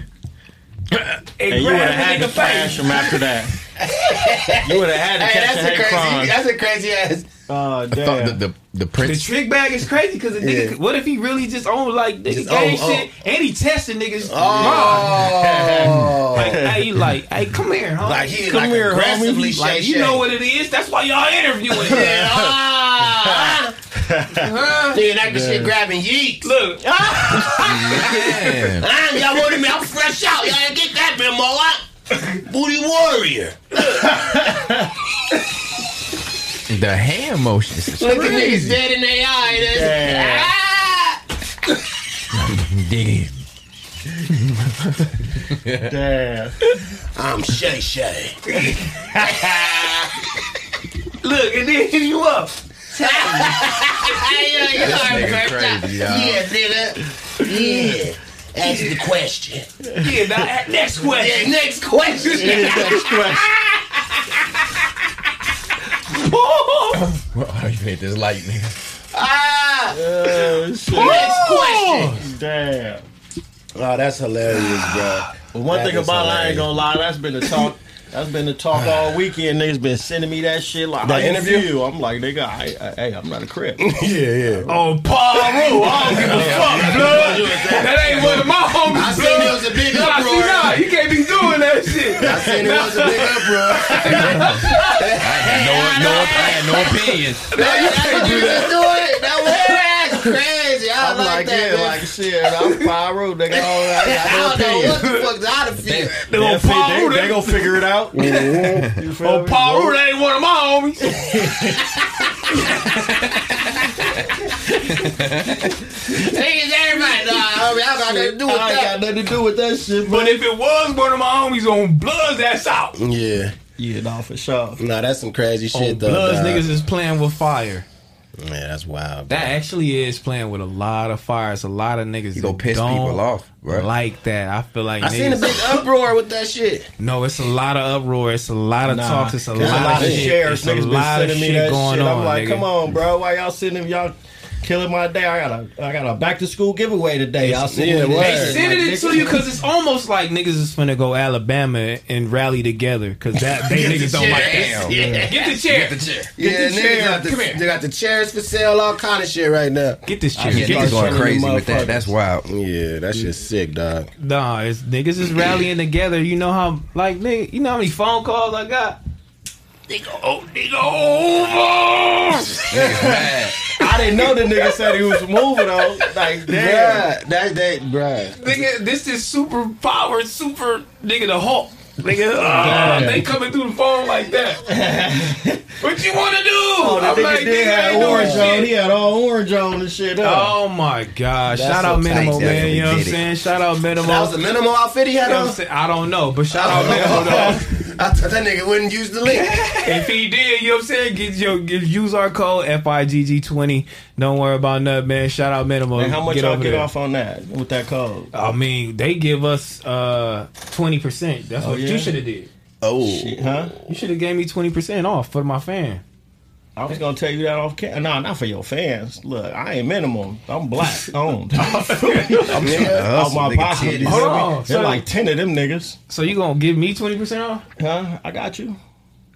[SPEAKER 1] and,
[SPEAKER 3] And you would
[SPEAKER 1] grabbed
[SPEAKER 3] have had
[SPEAKER 1] the
[SPEAKER 3] to
[SPEAKER 1] nigga face.
[SPEAKER 3] trash him after that. you would have had to
[SPEAKER 6] Hey,
[SPEAKER 3] catch
[SPEAKER 6] that's a
[SPEAKER 3] a hate
[SPEAKER 6] crazy.
[SPEAKER 3] crime.
[SPEAKER 6] That's a crazy ass.
[SPEAKER 3] oh,
[SPEAKER 5] Thought
[SPEAKER 3] damn.
[SPEAKER 5] the, the the
[SPEAKER 1] The
[SPEAKER 5] prince.
[SPEAKER 1] trick bag is crazy because the nigga.
[SPEAKER 2] Yeah.
[SPEAKER 1] What if he really just owned like nigga
[SPEAKER 2] Just
[SPEAKER 1] gang
[SPEAKER 2] own-
[SPEAKER 1] shit and he tested niggas?
[SPEAKER 2] Oh,
[SPEAKER 1] Like, hey, you like, hey, come here, huh?
[SPEAKER 6] Like he
[SPEAKER 3] Come
[SPEAKER 6] like
[SPEAKER 3] here,
[SPEAKER 6] aggressively
[SPEAKER 3] homie.
[SPEAKER 6] shay
[SPEAKER 1] Like, you
[SPEAKER 6] shay.
[SPEAKER 1] know what it is. That's why y'all interviewing.
[SPEAKER 6] Yeah,
[SPEAKER 1] him.
[SPEAKER 6] ah,
[SPEAKER 1] Huh?
[SPEAKER 6] nigga, that shit grabbing yeet.
[SPEAKER 1] Look,
[SPEAKER 5] Man,
[SPEAKER 6] Ah, y'all wanted me. I'm fresh out. Y'all ain't get that bimbo. I, booty warrior.
[SPEAKER 5] the hand motions. is
[SPEAKER 6] Look at
[SPEAKER 5] crazy.
[SPEAKER 6] niggas dead in their eye. That's, ah,
[SPEAKER 5] Digging.
[SPEAKER 3] Damn.
[SPEAKER 2] I'm Shay Shay.
[SPEAKER 1] look, and then hit you up.
[SPEAKER 6] yeah, you
[SPEAKER 5] This
[SPEAKER 6] are
[SPEAKER 5] nigga
[SPEAKER 6] fresh out.
[SPEAKER 5] crazy, y'all.
[SPEAKER 6] Yeah, nigga. Yeah.
[SPEAKER 2] Ask the question.
[SPEAKER 1] Yeah, now, next question.
[SPEAKER 6] Yeah, next question.
[SPEAKER 3] Next question.
[SPEAKER 5] Well, I don't even hit this light, nigga.
[SPEAKER 6] Ah,
[SPEAKER 3] Oh, shit.
[SPEAKER 6] next question.
[SPEAKER 3] Damn.
[SPEAKER 2] Oh, that's hilarious, bro.
[SPEAKER 3] Well, one
[SPEAKER 2] That
[SPEAKER 3] thing
[SPEAKER 2] is
[SPEAKER 3] about it, I
[SPEAKER 2] hilarious.
[SPEAKER 3] ain't gonna lie, that's been the talk. That's been the talk all weekend. Niggas been sending me that shit like
[SPEAKER 2] That
[SPEAKER 3] how you
[SPEAKER 2] interview?
[SPEAKER 3] feel? I'm like, nigga, I, I, hey, I'm not a crip.
[SPEAKER 2] Yeah, yeah.
[SPEAKER 1] Oh, Paul Rue, I don't give a fuck, blood. That ain't one of my homies,
[SPEAKER 2] I seen
[SPEAKER 1] blood.
[SPEAKER 2] it was a big
[SPEAKER 1] Nah, see,
[SPEAKER 2] uproar.
[SPEAKER 1] nah, you can't be doing that shit.
[SPEAKER 2] I seen it was a big uproar.
[SPEAKER 5] I had no, no, I had no opinions.
[SPEAKER 6] That's what you just doing. That was that's crazy. I
[SPEAKER 3] I'm
[SPEAKER 6] like,
[SPEAKER 3] like,
[SPEAKER 6] that.
[SPEAKER 3] yeah,
[SPEAKER 6] man.
[SPEAKER 3] like shit. I'm pyro, nigga. All right, I
[SPEAKER 6] I
[SPEAKER 3] got no
[SPEAKER 6] don't
[SPEAKER 3] opinion.
[SPEAKER 6] know what the fuck's out of here.
[SPEAKER 1] They
[SPEAKER 3] Yeah,
[SPEAKER 1] gonna
[SPEAKER 3] see,
[SPEAKER 1] Paul Rue,
[SPEAKER 3] they,
[SPEAKER 1] that-
[SPEAKER 3] they gonna figure it out. You feel
[SPEAKER 1] Oh,
[SPEAKER 3] me?
[SPEAKER 1] Paul Rudd ain't one of my homies.
[SPEAKER 6] Niggas, everybody, nah,
[SPEAKER 2] got nothing to do with
[SPEAKER 3] I ain't
[SPEAKER 2] that.
[SPEAKER 3] got nothing to do with that shit, bro.
[SPEAKER 1] But if it was one of my homies on Bloods, that's out.
[SPEAKER 2] Yeah.
[SPEAKER 3] yeah, no, for sure.
[SPEAKER 2] Nah, that's some crazy shit though.
[SPEAKER 1] Bloods
[SPEAKER 2] dog.
[SPEAKER 1] niggas is playing with fire.
[SPEAKER 2] Man, that's wild.
[SPEAKER 1] That actually is playing with a lot of fire. It's a lot of niggas
[SPEAKER 5] You gonna
[SPEAKER 1] that
[SPEAKER 5] piss
[SPEAKER 1] don't
[SPEAKER 5] people off, bro.
[SPEAKER 1] like that. I feel like
[SPEAKER 2] I
[SPEAKER 1] niggas,
[SPEAKER 2] seen a big uproar with that shit.
[SPEAKER 1] no, it's a lot of uproar. It's a lot of
[SPEAKER 3] Nah,
[SPEAKER 1] talks. It's a
[SPEAKER 3] there's
[SPEAKER 1] lot, of shit.
[SPEAKER 3] shares.
[SPEAKER 1] It's a
[SPEAKER 3] Niggas been
[SPEAKER 1] lot of
[SPEAKER 3] sending me
[SPEAKER 1] shit
[SPEAKER 3] that
[SPEAKER 1] going
[SPEAKER 3] shit.
[SPEAKER 1] on.
[SPEAKER 3] I'm like,
[SPEAKER 1] nigga.
[SPEAKER 3] come on, bro. Why y'all sending y'all killing my day? I got a I got a back to school giveaway today. Y'all sending
[SPEAKER 2] Yeah,
[SPEAKER 3] me
[SPEAKER 2] word.
[SPEAKER 1] They
[SPEAKER 3] this shit.
[SPEAKER 1] sending
[SPEAKER 3] Like,
[SPEAKER 1] it
[SPEAKER 3] nigga,
[SPEAKER 1] to you because it's almost like niggas is finna go Alabama and rally together because that they niggas don't like that. Get the chair. Get the chair.
[SPEAKER 2] Yeah,
[SPEAKER 1] Get the chair.
[SPEAKER 2] niggas got the,
[SPEAKER 1] Come here.
[SPEAKER 2] they got the chairs for sale, all kind of shit right now.
[SPEAKER 1] Get this chair.
[SPEAKER 5] Yeah,
[SPEAKER 1] Get
[SPEAKER 5] niggas
[SPEAKER 1] this
[SPEAKER 5] going
[SPEAKER 1] chair.
[SPEAKER 5] crazy with that. That's wild.
[SPEAKER 2] Yeah, that shit's sick, dog.
[SPEAKER 1] Nah, it's niggas is rallying together. You know how like nigga, you know how many phone calls I got.
[SPEAKER 3] I didn't know the nigga said he was moving though. Like,
[SPEAKER 2] Bruh,
[SPEAKER 3] damn.
[SPEAKER 2] that that bruh.
[SPEAKER 1] Nigga, this is super powered, super nigga the Hulk. Nigga, ah, they coming through the phone like that. what you want to do?
[SPEAKER 3] Oh, that
[SPEAKER 1] I'm
[SPEAKER 3] nigga
[SPEAKER 1] like,
[SPEAKER 3] did
[SPEAKER 1] nigga, I
[SPEAKER 3] have
[SPEAKER 1] ain't doing
[SPEAKER 3] orange
[SPEAKER 1] shit.
[SPEAKER 3] on. He had all orange on and shit. Huh?
[SPEAKER 1] Oh my God!
[SPEAKER 2] That's
[SPEAKER 1] shout
[SPEAKER 2] so
[SPEAKER 1] out
[SPEAKER 2] tight.
[SPEAKER 1] Minimal, man.
[SPEAKER 5] Definitely
[SPEAKER 1] You know what I'm
[SPEAKER 5] did it.
[SPEAKER 1] saying? Shout out Minimal.
[SPEAKER 2] That was the minimal outfit he had
[SPEAKER 1] You know what
[SPEAKER 2] on.
[SPEAKER 1] I'm saying? I don't know, but shout out Minimal. though.
[SPEAKER 2] I thought that nigga wouldn't use the link.
[SPEAKER 1] if he did, you know what I'm saying? Get your get, use our code FIGG20. Don't worry about nothing, man. Shout out Minimal.
[SPEAKER 3] And how much y'all
[SPEAKER 1] over
[SPEAKER 3] get
[SPEAKER 1] there.
[SPEAKER 3] off on that with that code?
[SPEAKER 1] I mean, they give us uh 20%. That's what
[SPEAKER 3] yeah?
[SPEAKER 1] you should have did.
[SPEAKER 2] Oh,
[SPEAKER 3] Huh?
[SPEAKER 1] You should have gave me 20% off for my fan.
[SPEAKER 3] I was gonna tell you that off camera. No, not for your fans. Look, I ain't minimum. I'm black owned. I'm
[SPEAKER 5] hustle,
[SPEAKER 3] my
[SPEAKER 5] nigga,
[SPEAKER 3] pocket.
[SPEAKER 5] titties.
[SPEAKER 1] Hold on.
[SPEAKER 3] They're
[SPEAKER 1] So-
[SPEAKER 3] like ten of them niggas.
[SPEAKER 1] So you going to give me 20% off?
[SPEAKER 3] Huh? I got you.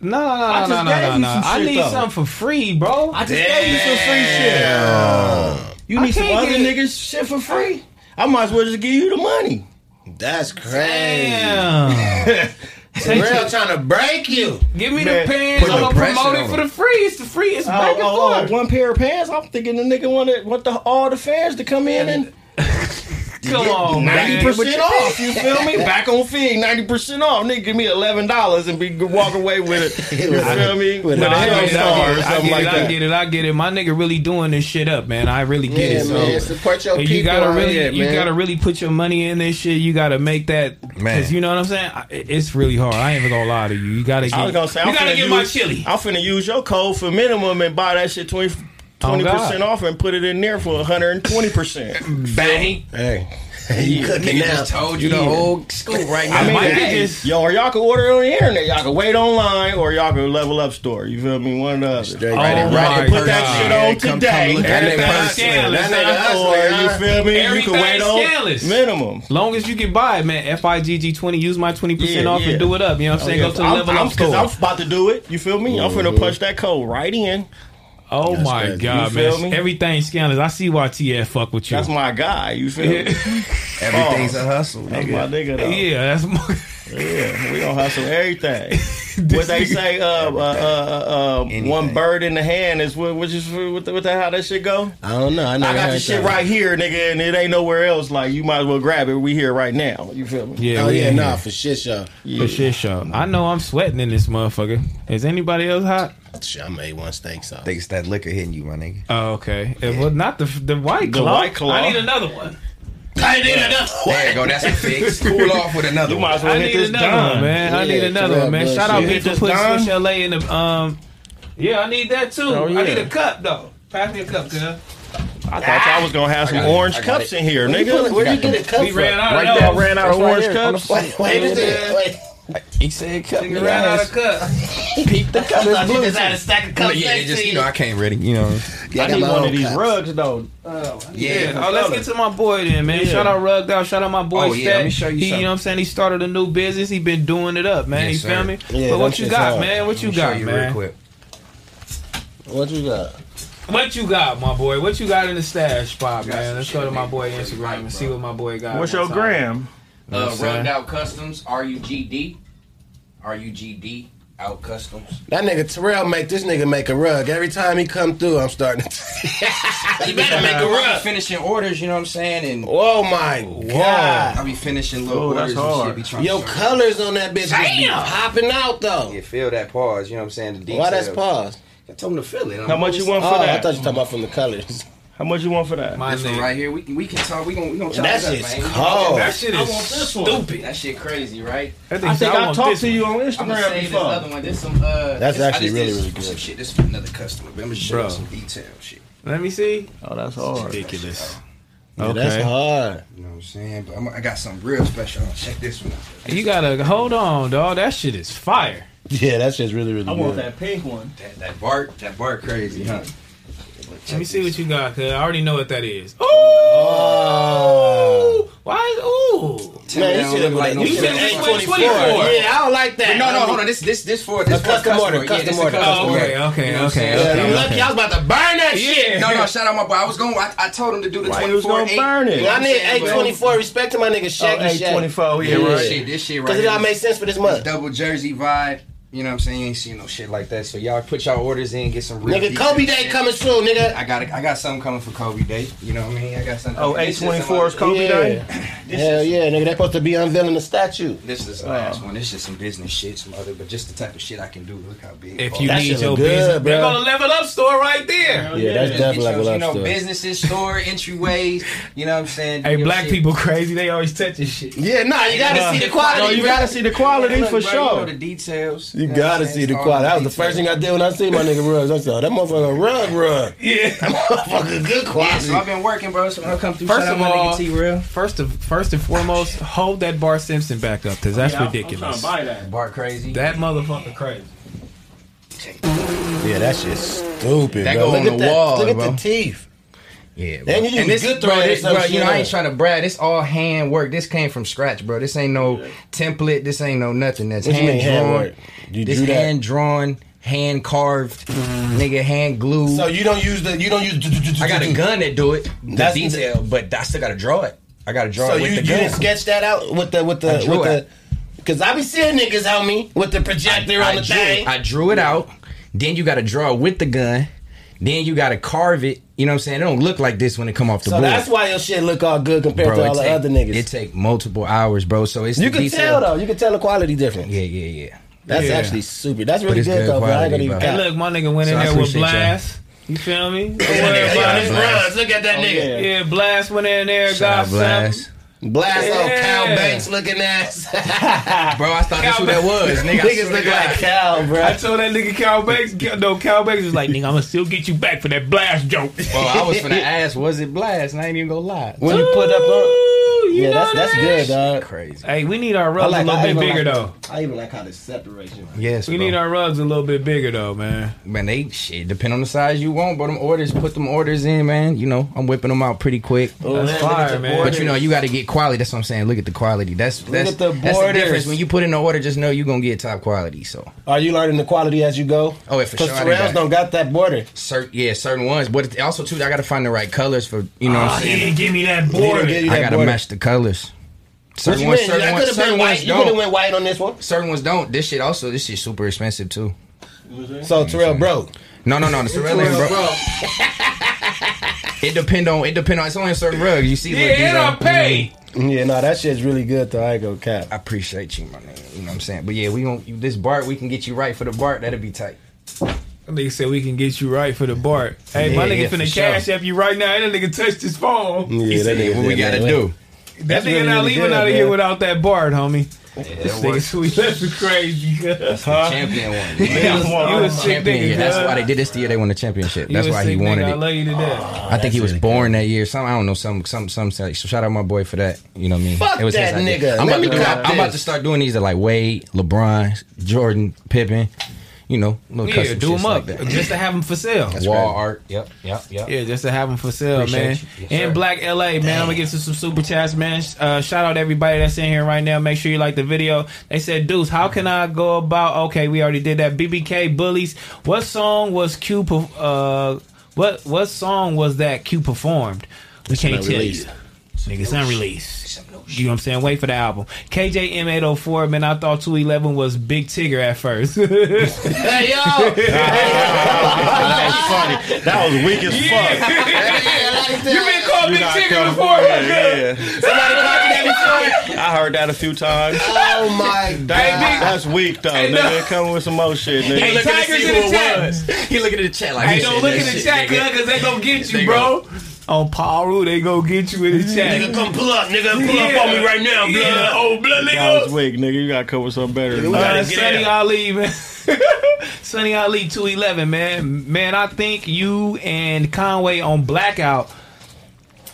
[SPEAKER 1] No, no,
[SPEAKER 3] I
[SPEAKER 1] no,
[SPEAKER 3] just
[SPEAKER 1] no, no,
[SPEAKER 3] gave
[SPEAKER 1] no,
[SPEAKER 3] you
[SPEAKER 1] no.
[SPEAKER 3] some
[SPEAKER 1] I
[SPEAKER 3] shit,
[SPEAKER 1] need
[SPEAKER 3] though.
[SPEAKER 1] something for free, bro.
[SPEAKER 3] I just gave you some free shit. You need some
[SPEAKER 1] can't
[SPEAKER 3] other
[SPEAKER 1] get-
[SPEAKER 3] niggas shit for free. I might as well just give you the money.
[SPEAKER 2] that's crazy.
[SPEAKER 1] Damn. Take
[SPEAKER 2] Real
[SPEAKER 1] your-
[SPEAKER 2] trying to break you.
[SPEAKER 1] give me
[SPEAKER 3] Man,
[SPEAKER 1] the pants.
[SPEAKER 5] put
[SPEAKER 1] I'm
[SPEAKER 5] the
[SPEAKER 1] going to
[SPEAKER 5] pressure
[SPEAKER 1] promote it
[SPEAKER 5] on
[SPEAKER 1] for
[SPEAKER 5] him.
[SPEAKER 1] the free. It's the free. It's
[SPEAKER 3] Oh,
[SPEAKER 1] back and
[SPEAKER 3] oh, oh,
[SPEAKER 1] forth.
[SPEAKER 3] one pair of pants. I'm thinking the nigga wanted want the all the fans to come in and
[SPEAKER 1] Come on,
[SPEAKER 3] ninety
[SPEAKER 1] man.
[SPEAKER 3] percent off. You feel me? Back on feed, ninety percent off. Nigga, give me eleven dollars and be walk away with it. You feel me? With
[SPEAKER 1] No,
[SPEAKER 3] a
[SPEAKER 1] I
[SPEAKER 3] hell
[SPEAKER 1] get it, I
[SPEAKER 3] star
[SPEAKER 1] get
[SPEAKER 3] or
[SPEAKER 1] it, I
[SPEAKER 3] something
[SPEAKER 1] get
[SPEAKER 3] like
[SPEAKER 1] it, I get
[SPEAKER 3] that.
[SPEAKER 1] it, I get it. My nigga really doing this shit up, man. I really get
[SPEAKER 2] Yeah,
[SPEAKER 1] it.
[SPEAKER 2] man.
[SPEAKER 1] So
[SPEAKER 2] Support your
[SPEAKER 1] and
[SPEAKER 2] people.
[SPEAKER 1] you gotta
[SPEAKER 2] out
[SPEAKER 1] really,
[SPEAKER 2] here,
[SPEAKER 1] you
[SPEAKER 2] man.
[SPEAKER 1] gotta really put your money in this shit. You gotta make that,
[SPEAKER 5] Man.
[SPEAKER 1] because you know what I'm saying. I- It's really hard. I ain't even gonna lie to you. You gotta get.
[SPEAKER 3] I was gonna say,
[SPEAKER 1] you
[SPEAKER 3] I'm
[SPEAKER 1] gotta
[SPEAKER 3] finna
[SPEAKER 1] get my
[SPEAKER 3] use-
[SPEAKER 1] chili.
[SPEAKER 3] I'm finna use your code for minimum and buy that shit 20
[SPEAKER 1] Oh, God.
[SPEAKER 3] percent off and put it in there for hundred and twenty percent.
[SPEAKER 5] Bang.
[SPEAKER 2] Hey, you cooking
[SPEAKER 5] Nigga
[SPEAKER 2] now?
[SPEAKER 5] just told you the whole scoop right now.
[SPEAKER 1] I
[SPEAKER 3] I mean,
[SPEAKER 1] might
[SPEAKER 3] hey,
[SPEAKER 1] be just-
[SPEAKER 3] yo, or y'all can order it on the internet. Y'all can wait online, or y'all can level up store. You feel me? One of the
[SPEAKER 2] Straight
[SPEAKER 1] Oh my
[SPEAKER 2] right
[SPEAKER 3] Right, put that
[SPEAKER 1] God.
[SPEAKER 3] shit on
[SPEAKER 5] Come- come
[SPEAKER 3] today.
[SPEAKER 5] look
[SPEAKER 2] That
[SPEAKER 5] at
[SPEAKER 2] nigga
[SPEAKER 5] Everything
[SPEAKER 2] hustling.
[SPEAKER 1] scandalous,
[SPEAKER 2] That nigga
[SPEAKER 1] huh?
[SPEAKER 2] hustling.
[SPEAKER 3] Or you
[SPEAKER 2] huh?
[SPEAKER 3] feel me? You
[SPEAKER 1] Everything
[SPEAKER 3] can wait
[SPEAKER 1] scandalous.
[SPEAKER 3] on minimum.
[SPEAKER 1] Long as you can buy it, man. Figg twenty. Use my twenty percent
[SPEAKER 3] Yeah,
[SPEAKER 1] off
[SPEAKER 3] Oh, yeah.
[SPEAKER 1] and do it up. You know what I'm saying? Go to the
[SPEAKER 3] I'm,
[SPEAKER 1] level
[SPEAKER 3] I'm,
[SPEAKER 1] up
[SPEAKER 3] 'cause
[SPEAKER 1] store.
[SPEAKER 3] I'm about to do it. You feel me? I'm
[SPEAKER 5] Mm-hmm.
[SPEAKER 3] finna punch that code right in.
[SPEAKER 1] Oh my
[SPEAKER 2] crazy.
[SPEAKER 1] god,
[SPEAKER 3] You feel
[SPEAKER 1] man!
[SPEAKER 3] me?
[SPEAKER 1] Everything scandalous. I see why TF fuck with you.
[SPEAKER 3] That's my guy. You feel me?
[SPEAKER 5] Everything's a hustle,
[SPEAKER 3] That's
[SPEAKER 5] nigga.
[SPEAKER 3] my nigga. Though. Yeah.
[SPEAKER 1] yeah, that's
[SPEAKER 3] Oh,
[SPEAKER 1] my.
[SPEAKER 3] we gonna hustle everything. what they say? Uh, uh, uh, uh, uh, one
[SPEAKER 5] Anything.
[SPEAKER 3] bird in the hand is what? Which is what? the- What the how that shit go?
[SPEAKER 2] I don't know. I, never
[SPEAKER 3] I got
[SPEAKER 2] heard
[SPEAKER 3] the shit
[SPEAKER 2] that.
[SPEAKER 3] right here, nigga, and it ain't nowhere else. Like you might as well grab it. We here right now. You feel me?
[SPEAKER 1] Yeah,
[SPEAKER 2] Oh
[SPEAKER 1] we
[SPEAKER 2] yeah,
[SPEAKER 1] in
[SPEAKER 2] nah,
[SPEAKER 1] here.
[SPEAKER 2] for shit, show.
[SPEAKER 1] For shit show. I know I'm sweating in this motherfucker. Is anybody else hot?
[SPEAKER 2] Shit, I made one steak sauce.
[SPEAKER 5] Think it's that liquor hitting you, my nigga.
[SPEAKER 1] Oh, okay. Eh, Well, not the the white
[SPEAKER 3] The
[SPEAKER 1] claw.
[SPEAKER 3] White Claw.
[SPEAKER 1] I need another one.
[SPEAKER 2] I did enough.
[SPEAKER 5] There you go. That's a fix. Cool off with another
[SPEAKER 3] You
[SPEAKER 5] one.
[SPEAKER 3] might as well
[SPEAKER 1] I
[SPEAKER 3] hit
[SPEAKER 1] need
[SPEAKER 3] this
[SPEAKER 1] another
[SPEAKER 3] dime.
[SPEAKER 1] one, man. I
[SPEAKER 2] Yeah,
[SPEAKER 1] need
[SPEAKER 2] for
[SPEAKER 1] another
[SPEAKER 2] that
[SPEAKER 1] one, man.
[SPEAKER 2] bullshit.
[SPEAKER 1] Shout out
[SPEAKER 2] You
[SPEAKER 1] people
[SPEAKER 3] hit
[SPEAKER 1] for
[SPEAKER 3] this
[SPEAKER 1] putting
[SPEAKER 3] dime?
[SPEAKER 1] Switch LA in the um. Yeah, I need that too.
[SPEAKER 3] Oh,
[SPEAKER 1] I
[SPEAKER 3] yeah.
[SPEAKER 1] need a cup though. Pass me a cup, cuz.
[SPEAKER 3] I thought y'all was gonna have some
[SPEAKER 5] got it.
[SPEAKER 3] orange
[SPEAKER 5] I got
[SPEAKER 3] cups
[SPEAKER 5] it.
[SPEAKER 3] in here,
[SPEAKER 2] Where'd you,
[SPEAKER 3] nigga.
[SPEAKER 2] pull it- where'd you get a cup
[SPEAKER 1] We
[SPEAKER 2] from?
[SPEAKER 1] ran out
[SPEAKER 5] Right
[SPEAKER 1] of
[SPEAKER 5] there,
[SPEAKER 1] those.
[SPEAKER 5] right
[SPEAKER 3] Ran out of
[SPEAKER 5] It's right
[SPEAKER 3] orange
[SPEAKER 5] here on the
[SPEAKER 3] cups.
[SPEAKER 5] floor.
[SPEAKER 2] Wait a second. Wait.
[SPEAKER 5] He said, "Cut me
[SPEAKER 1] Nigga ran out of
[SPEAKER 5] ass.
[SPEAKER 1] cup.
[SPEAKER 5] Peep the cut
[SPEAKER 8] I
[SPEAKER 5] is blue."
[SPEAKER 8] just had a stack of cups
[SPEAKER 5] Yeah,
[SPEAKER 8] next
[SPEAKER 5] it just
[SPEAKER 8] to
[SPEAKER 5] you
[SPEAKER 8] you.
[SPEAKER 5] know I can't ready. You know,
[SPEAKER 3] I
[SPEAKER 2] got
[SPEAKER 3] need
[SPEAKER 2] my
[SPEAKER 3] one
[SPEAKER 2] own
[SPEAKER 3] of these
[SPEAKER 2] cups.
[SPEAKER 3] rugs though.
[SPEAKER 1] Yeah.
[SPEAKER 5] yeah.
[SPEAKER 1] Oh, let's get to my boy then, man.
[SPEAKER 3] Yeah.
[SPEAKER 1] Shout out Rugged Out. Shout out my boy
[SPEAKER 5] Oh, yeah,
[SPEAKER 1] Stat.
[SPEAKER 5] let me show you
[SPEAKER 1] he, You
[SPEAKER 5] something.
[SPEAKER 1] know what I'm saying? He started a new business. He been doing it up, man.
[SPEAKER 5] Yes,
[SPEAKER 1] you feel
[SPEAKER 5] sir.
[SPEAKER 1] me?
[SPEAKER 2] Yeah,
[SPEAKER 1] but
[SPEAKER 2] them
[SPEAKER 1] what you
[SPEAKER 2] shits
[SPEAKER 1] got,
[SPEAKER 2] hard.
[SPEAKER 1] man? What you
[SPEAKER 5] Show
[SPEAKER 1] got,
[SPEAKER 5] you
[SPEAKER 1] man?
[SPEAKER 5] real quick.
[SPEAKER 2] What you got?
[SPEAKER 1] What you got, my boy? What you got in the stash spot, man? Let's go to my boy Instagram and see what my boy got.
[SPEAKER 3] What's your
[SPEAKER 1] What's up?
[SPEAKER 3] gram?
[SPEAKER 1] Yes,
[SPEAKER 4] Uh,
[SPEAKER 1] sir.
[SPEAKER 4] Rugged Out Customs, RUGD. RUGD, Out Customs.
[SPEAKER 2] That nigga Terrell make this nigga make a rug every time he come through. I'm starting. to...
[SPEAKER 4] You better make a rug. finishing orders, you know what I'm saying? And
[SPEAKER 2] oh my god!
[SPEAKER 4] I be finishing little
[SPEAKER 3] Oh, that's
[SPEAKER 4] orders and
[SPEAKER 3] hard.
[SPEAKER 4] shit. Be trying
[SPEAKER 2] Yo,
[SPEAKER 4] to serve.
[SPEAKER 2] colors on that bitch just be popping out though.
[SPEAKER 4] Yeah, feel that pause, you know what I'm saying? The
[SPEAKER 2] Why that's
[SPEAKER 4] detail.
[SPEAKER 2] paused?
[SPEAKER 4] I told him to feel it. I'm
[SPEAKER 3] How much you
[SPEAKER 4] always-
[SPEAKER 3] want
[SPEAKER 2] Oh,
[SPEAKER 3] for
[SPEAKER 2] I
[SPEAKER 3] that?
[SPEAKER 2] thought you talking about from the colors.
[SPEAKER 3] How much you want for that?
[SPEAKER 4] this one right here, we can we can talk. We gonna we gonna
[SPEAKER 3] And
[SPEAKER 4] chop
[SPEAKER 3] that
[SPEAKER 4] it up,
[SPEAKER 3] shit's
[SPEAKER 4] man. We can-
[SPEAKER 3] cold. That shit
[SPEAKER 4] I
[SPEAKER 3] is
[SPEAKER 4] want this one.
[SPEAKER 3] stupid.
[SPEAKER 4] That shit crazy, right?
[SPEAKER 3] I think I think I I want talked this to one. you on
[SPEAKER 4] I'm gonna
[SPEAKER 3] Instagram
[SPEAKER 4] save
[SPEAKER 3] before.
[SPEAKER 4] This other one. There's some. Uh,
[SPEAKER 3] That's
[SPEAKER 4] this- I
[SPEAKER 3] actually
[SPEAKER 4] just
[SPEAKER 3] really,
[SPEAKER 4] did
[SPEAKER 3] really
[SPEAKER 4] some
[SPEAKER 3] good.
[SPEAKER 4] Shit, this is for another customer. But I'm gonna show
[SPEAKER 3] Bro.
[SPEAKER 4] you some detail shit.
[SPEAKER 1] Let me see.
[SPEAKER 3] Oh, that's hard.
[SPEAKER 1] Ridiculous.
[SPEAKER 4] Yeah, that's
[SPEAKER 2] hard.
[SPEAKER 4] You know what I'm saying? But I'm, I got something real special. I'm gonna check this one out.
[SPEAKER 1] You gotta hold on, dog. That shit is fire.
[SPEAKER 2] Yeah, that shit's really, really
[SPEAKER 4] that pink one. That, that bark, that bark crazy, huh?
[SPEAKER 1] Let me see what you got, cause I already know what that is.
[SPEAKER 2] Uh,
[SPEAKER 1] Oh, why? Ooh,
[SPEAKER 4] Man, you should've like-
[SPEAKER 1] you
[SPEAKER 4] you
[SPEAKER 1] said
[SPEAKER 4] should've
[SPEAKER 1] eight
[SPEAKER 4] went
[SPEAKER 1] twenty four.
[SPEAKER 4] 24. Yeah, I don't like that. But no, no, hold on. This, this, this for this for
[SPEAKER 1] custom order,
[SPEAKER 4] Yeah, this
[SPEAKER 1] custom
[SPEAKER 4] is
[SPEAKER 1] order.
[SPEAKER 4] custom
[SPEAKER 1] Oh,
[SPEAKER 4] order.
[SPEAKER 1] okay, okay,
[SPEAKER 4] You know what I'm
[SPEAKER 1] okay,
[SPEAKER 4] saying?
[SPEAKER 1] okay, You lucky okay. I was
[SPEAKER 2] about to burn that shit.
[SPEAKER 4] No, no, shout out my boy. I was going. I, I told him to do the
[SPEAKER 2] Right,
[SPEAKER 4] twenty
[SPEAKER 2] he was
[SPEAKER 4] four.
[SPEAKER 2] gonna burn it. I need 824. Respect to my nigga Shaggy
[SPEAKER 4] Oh,
[SPEAKER 2] Shaggy.
[SPEAKER 4] 824,
[SPEAKER 2] Yeah.
[SPEAKER 4] yeah, right. This shit, this shit right
[SPEAKER 2] Because it
[SPEAKER 4] here.
[SPEAKER 2] all makes sense for this month.
[SPEAKER 4] Double jersey vibe. You know what I'm saying? You ain't seen no shit like that. So y'all put y'all orders in, get some real.
[SPEAKER 2] Nigga,
[SPEAKER 4] decent
[SPEAKER 2] Kobe Day
[SPEAKER 4] shit.
[SPEAKER 2] coming soon, nigga.
[SPEAKER 4] I got I got something coming for Kobe Day. You know what I mean? I got something.
[SPEAKER 2] Oh,
[SPEAKER 4] This is something-
[SPEAKER 2] Hell yeah, nigga. They supposed to be unveiling the statue.
[SPEAKER 4] This is the
[SPEAKER 1] Oh.
[SPEAKER 4] last one. This is some business shit, some other, but just the type of shit I can do. Look how big.
[SPEAKER 1] If
[SPEAKER 4] Paul-
[SPEAKER 1] you
[SPEAKER 2] That
[SPEAKER 1] need
[SPEAKER 2] shit
[SPEAKER 1] your
[SPEAKER 2] look good,
[SPEAKER 1] business, they're
[SPEAKER 2] bro.
[SPEAKER 1] gonna level up store right there.
[SPEAKER 2] Yeah, that's definitely
[SPEAKER 4] Get
[SPEAKER 2] like a
[SPEAKER 4] your,
[SPEAKER 2] love
[SPEAKER 4] you know,
[SPEAKER 2] story.
[SPEAKER 4] businesses, store entryways. You know what I'm saying?
[SPEAKER 1] Hey,
[SPEAKER 4] Your
[SPEAKER 1] black
[SPEAKER 4] shit.
[SPEAKER 1] people crazy. They always touching shit.
[SPEAKER 2] Yeah, nah, you gotta see the quality.
[SPEAKER 3] No, you
[SPEAKER 2] bro.
[SPEAKER 3] gotta see the quality
[SPEAKER 4] Look,
[SPEAKER 3] for
[SPEAKER 4] bro, You know
[SPEAKER 3] sure.
[SPEAKER 4] the details.
[SPEAKER 2] You gotta see the quality. That was the first thing I did when I see my nigga rugs. I said, "Oh, that motherfucker rug rug.
[SPEAKER 1] Yeah,
[SPEAKER 2] that motherfucker good
[SPEAKER 4] Yeah,
[SPEAKER 2] quality.
[SPEAKER 4] so I've been working, bro. So when I come through,
[SPEAKER 1] First
[SPEAKER 4] shout
[SPEAKER 1] of
[SPEAKER 4] out my
[SPEAKER 1] all,
[SPEAKER 4] nigga T-Real.
[SPEAKER 1] first of first and foremost, hold that Bar Simpson back up, cause that's ridiculous.
[SPEAKER 3] that.
[SPEAKER 4] Bart crazy.
[SPEAKER 1] That motherfucker crazy.
[SPEAKER 2] Yeah, that shit's stupid.
[SPEAKER 4] That
[SPEAKER 2] bro.
[SPEAKER 4] go
[SPEAKER 2] Look
[SPEAKER 4] on
[SPEAKER 2] at
[SPEAKER 4] the
[SPEAKER 2] that-
[SPEAKER 4] wall,
[SPEAKER 2] Look at
[SPEAKER 4] bro.
[SPEAKER 2] the teeth.
[SPEAKER 4] Yeah,
[SPEAKER 2] Then you use
[SPEAKER 4] and this,
[SPEAKER 2] good
[SPEAKER 4] bro,
[SPEAKER 2] thread or
[SPEAKER 4] this,
[SPEAKER 2] some
[SPEAKER 4] bro, you
[SPEAKER 2] shit
[SPEAKER 4] know, I
[SPEAKER 2] on.
[SPEAKER 4] ain't trying to brag. This all hand work. This came from scratch, bro. This ain't no template. This ain't no nothing. That's
[SPEAKER 2] What you
[SPEAKER 4] hand
[SPEAKER 2] mean hand
[SPEAKER 4] drawn.
[SPEAKER 2] work? You
[SPEAKER 4] this
[SPEAKER 2] drew that?
[SPEAKER 4] hand drawn, hand carved, nigga, hand glued.
[SPEAKER 2] So you don't use the you don't use.
[SPEAKER 4] I got a gun that do it. The
[SPEAKER 2] That's-
[SPEAKER 4] detail, but I still got to draw it. I got to draw
[SPEAKER 2] So
[SPEAKER 4] it with
[SPEAKER 2] you, you
[SPEAKER 4] the gun.
[SPEAKER 2] didn't sketch that out with the with the
[SPEAKER 4] I drew
[SPEAKER 2] with
[SPEAKER 4] it.
[SPEAKER 2] the. Cause I be seeing niggas, homie, with the projector on
[SPEAKER 4] I
[SPEAKER 2] the
[SPEAKER 4] drew,
[SPEAKER 2] thing.
[SPEAKER 4] it. I drew it out. Then you got to draw it with the gun. Then you got to carve it. You know what I'm saying? It don't look like this when it come off the
[SPEAKER 2] so
[SPEAKER 4] board.
[SPEAKER 2] that's why your shit look all good compared
[SPEAKER 4] Bro,
[SPEAKER 2] to
[SPEAKER 4] it
[SPEAKER 2] all the
[SPEAKER 4] take-
[SPEAKER 2] other niggas.
[SPEAKER 4] It take multiple hours, bro. So it's
[SPEAKER 2] you
[SPEAKER 4] the
[SPEAKER 2] can
[SPEAKER 4] detail.
[SPEAKER 2] tell though. You can tell the quality difference.
[SPEAKER 4] Yeah, yeah, yeah.
[SPEAKER 2] That's
[SPEAKER 1] Yeah.
[SPEAKER 2] actually super. That's
[SPEAKER 4] But
[SPEAKER 2] really
[SPEAKER 4] it's
[SPEAKER 2] good,
[SPEAKER 4] good
[SPEAKER 2] though. Bro. I ain't gonna
[SPEAKER 4] quality,
[SPEAKER 2] even
[SPEAKER 4] bro.
[SPEAKER 1] And
[SPEAKER 2] cap.
[SPEAKER 1] look, my nigga went in
[SPEAKER 4] So I
[SPEAKER 1] there with
[SPEAKER 4] appreciate y'all.
[SPEAKER 1] blast. You feel me? Don't worry
[SPEAKER 2] Yeah,
[SPEAKER 1] about
[SPEAKER 2] yeah,
[SPEAKER 1] it.
[SPEAKER 2] this Rugs, look at
[SPEAKER 4] Oh,
[SPEAKER 2] that nigga.
[SPEAKER 1] Yeah, Blast went in there,
[SPEAKER 4] Shout
[SPEAKER 1] got
[SPEAKER 4] out Blast.
[SPEAKER 1] some.
[SPEAKER 2] Blast old Cal
[SPEAKER 1] Yeah.
[SPEAKER 2] Banks looking ass.
[SPEAKER 4] Bro, I thought that's who that was. Nigga, I
[SPEAKER 2] Niggas
[SPEAKER 4] swear
[SPEAKER 2] look
[SPEAKER 4] to
[SPEAKER 2] like
[SPEAKER 4] God.
[SPEAKER 2] Cal, bro.
[SPEAKER 1] I told that nigga Cal Banks, no, Cal Banks was like, nigga, I'ma still get you back for that blast joke.
[SPEAKER 4] Bro, I was finna ask, was it Blast? And I ain't even gonna lie.
[SPEAKER 2] When you put up on.
[SPEAKER 1] Ooh, you
[SPEAKER 2] Yeah,
[SPEAKER 1] know
[SPEAKER 2] that's that's
[SPEAKER 1] that?
[SPEAKER 2] good, dog.
[SPEAKER 4] Crazy.
[SPEAKER 1] Hey, we need our rugs a little bit
[SPEAKER 2] even
[SPEAKER 1] bigger
[SPEAKER 2] like-
[SPEAKER 1] though.
[SPEAKER 2] I even like how the separation.
[SPEAKER 4] Yes,
[SPEAKER 1] We
[SPEAKER 4] bro.
[SPEAKER 1] need our rugs a little bit bigger though, man.
[SPEAKER 4] man, they shit depend on the size you want, but them orders, put them orders in, man. You know, I'm whipping them out pretty quick.
[SPEAKER 1] That's
[SPEAKER 2] man, look at
[SPEAKER 1] fire,
[SPEAKER 2] your
[SPEAKER 1] man.
[SPEAKER 2] boy.
[SPEAKER 4] But you know, you got to get quality. That's what I'm saying. Look at the quality. That's that's
[SPEAKER 2] at the
[SPEAKER 4] that's the
[SPEAKER 2] borders.
[SPEAKER 4] difference. When you put in the order, just know you're gonna get top quality. So,
[SPEAKER 2] Are you learning the quality as you go?
[SPEAKER 4] Oh, yeah, for sure.
[SPEAKER 2] Because
[SPEAKER 4] I did
[SPEAKER 2] Terrell's
[SPEAKER 4] that.
[SPEAKER 2] don't got that border.
[SPEAKER 4] certain yeah, certain ones. But it- also too, I got to find the right colors for you know. what I'm
[SPEAKER 1] He
[SPEAKER 4] saying
[SPEAKER 1] didn't give me that
[SPEAKER 2] He didn't give
[SPEAKER 1] board.
[SPEAKER 2] Ah, you
[SPEAKER 4] I
[SPEAKER 2] that
[SPEAKER 4] got to
[SPEAKER 2] border.
[SPEAKER 4] match the colors.
[SPEAKER 2] What
[SPEAKER 4] Certain
[SPEAKER 2] you
[SPEAKER 4] ones,
[SPEAKER 2] mean?
[SPEAKER 4] certain
[SPEAKER 2] I
[SPEAKER 4] ones,
[SPEAKER 2] could have
[SPEAKER 4] certain
[SPEAKER 2] been
[SPEAKER 4] ones
[SPEAKER 2] white. You could have
[SPEAKER 4] don't.
[SPEAKER 2] went white on this one.
[SPEAKER 4] Certain ones don't. This shit also, this shit super expensive too.
[SPEAKER 2] So Terrell broke.
[SPEAKER 4] No, no, no. The Sorel ain't bro. it depend on. It depend on. It's only a certain rug. You see, look, these
[SPEAKER 1] Yeah, and I
[SPEAKER 4] are-
[SPEAKER 1] paid.
[SPEAKER 2] Yeah, no, that shit's really good though. I ain't go cap.
[SPEAKER 4] I appreciate you, my nigga. You know what I'm saying? But yeah, we gon' you this Bart. We can get you right for the Bart. That'll be tight.
[SPEAKER 1] That nigga said we can get you right for the bar. Hey, my
[SPEAKER 4] Yeah,
[SPEAKER 1] nigga
[SPEAKER 4] yeah, for
[SPEAKER 1] finna
[SPEAKER 4] sure. Mm,
[SPEAKER 1] cash up you right now. That nigga touched his phone.
[SPEAKER 2] Yeah, that nigga.
[SPEAKER 4] What we
[SPEAKER 2] did
[SPEAKER 4] gotta
[SPEAKER 2] that.
[SPEAKER 4] do?
[SPEAKER 1] That
[SPEAKER 2] That's really,
[SPEAKER 1] nigga not
[SPEAKER 2] really
[SPEAKER 1] leaving
[SPEAKER 2] good,
[SPEAKER 1] out of
[SPEAKER 2] man.
[SPEAKER 1] here without that bard, homie. this
[SPEAKER 4] that
[SPEAKER 1] nigga
[SPEAKER 4] works.
[SPEAKER 1] sweet. That's crazy. cuz.
[SPEAKER 4] Champion one.
[SPEAKER 1] You a- you a sick
[SPEAKER 4] Champion
[SPEAKER 1] nigga.
[SPEAKER 4] year. That's why they
[SPEAKER 1] cuz.
[SPEAKER 4] did this the year they won the championship. That's
[SPEAKER 1] You a
[SPEAKER 4] why he
[SPEAKER 1] sick
[SPEAKER 4] wanted
[SPEAKER 1] nigga. I
[SPEAKER 4] it.
[SPEAKER 1] love you to death.
[SPEAKER 4] I think he was born that year. Some I don't know. Some some some. So shout out my boy for that. You know what I mean?
[SPEAKER 2] Fuck
[SPEAKER 4] his
[SPEAKER 2] that
[SPEAKER 4] idea.
[SPEAKER 2] nigga. Let
[SPEAKER 4] I'm about,
[SPEAKER 2] me
[SPEAKER 4] to do,
[SPEAKER 2] cop
[SPEAKER 4] I'm about
[SPEAKER 2] this.
[SPEAKER 4] to start doing these to like Wade, LeBron, Jordan, Pippen. You know, little
[SPEAKER 1] Yeah,
[SPEAKER 4] custom
[SPEAKER 1] do
[SPEAKER 4] shits
[SPEAKER 1] them up
[SPEAKER 4] like that.
[SPEAKER 1] just to have them for sale.
[SPEAKER 4] Wall art. Yep, yep, yep.
[SPEAKER 1] Yeah, just to have them for sale,
[SPEAKER 4] Appreciate
[SPEAKER 1] man.
[SPEAKER 4] you. Yes,
[SPEAKER 1] and
[SPEAKER 4] sir.
[SPEAKER 1] Black LA, man. I'm gonna get to some super chats, man. Uh, shout out to everybody that's in here right now. Make sure you like the video. They said, Deuce, how can I go about? Okay, we already did that. BBK Bullies. What song was Q? per- Uh, what what song was that Q performed? We can't tell
[SPEAKER 2] unreleased.
[SPEAKER 1] you. Niggas unreleased. You know what I'm saying? Wait for the album. KJM804, man. I thought 211 was Big Tigger at first.
[SPEAKER 2] Hey yo,
[SPEAKER 3] that was funny. That was weak as fuck.
[SPEAKER 2] Hey, I like that.
[SPEAKER 1] called
[SPEAKER 3] You not coming- Yeah, yeah.
[SPEAKER 2] Somebody caught you that
[SPEAKER 3] I heard that a few times.
[SPEAKER 2] Oh my god,
[SPEAKER 3] that's weak though,
[SPEAKER 2] Hey,
[SPEAKER 3] nigga.
[SPEAKER 2] no.
[SPEAKER 3] Come with some more shit, nigga.
[SPEAKER 1] Hey,
[SPEAKER 3] Look at
[SPEAKER 1] Tigers
[SPEAKER 3] see
[SPEAKER 1] in the
[SPEAKER 3] who it
[SPEAKER 1] chat.
[SPEAKER 3] was.
[SPEAKER 4] He looking at the chat
[SPEAKER 1] Hey, don't look at the chat, cuz, cause they gonna get you, bro. On Paru, they gonna get you in the chat.
[SPEAKER 3] Nigga,
[SPEAKER 1] come pull up, nigga.
[SPEAKER 3] Pull up on me right now, blood.
[SPEAKER 1] Oh, blood,
[SPEAKER 3] That
[SPEAKER 1] nigga.
[SPEAKER 3] was weak, nigga. You gotta come with something better. than
[SPEAKER 1] Uh,
[SPEAKER 3] that.
[SPEAKER 1] Sonny Ali, man. Sonny Ali 211, man. Man, I think you and Conway on Blackout.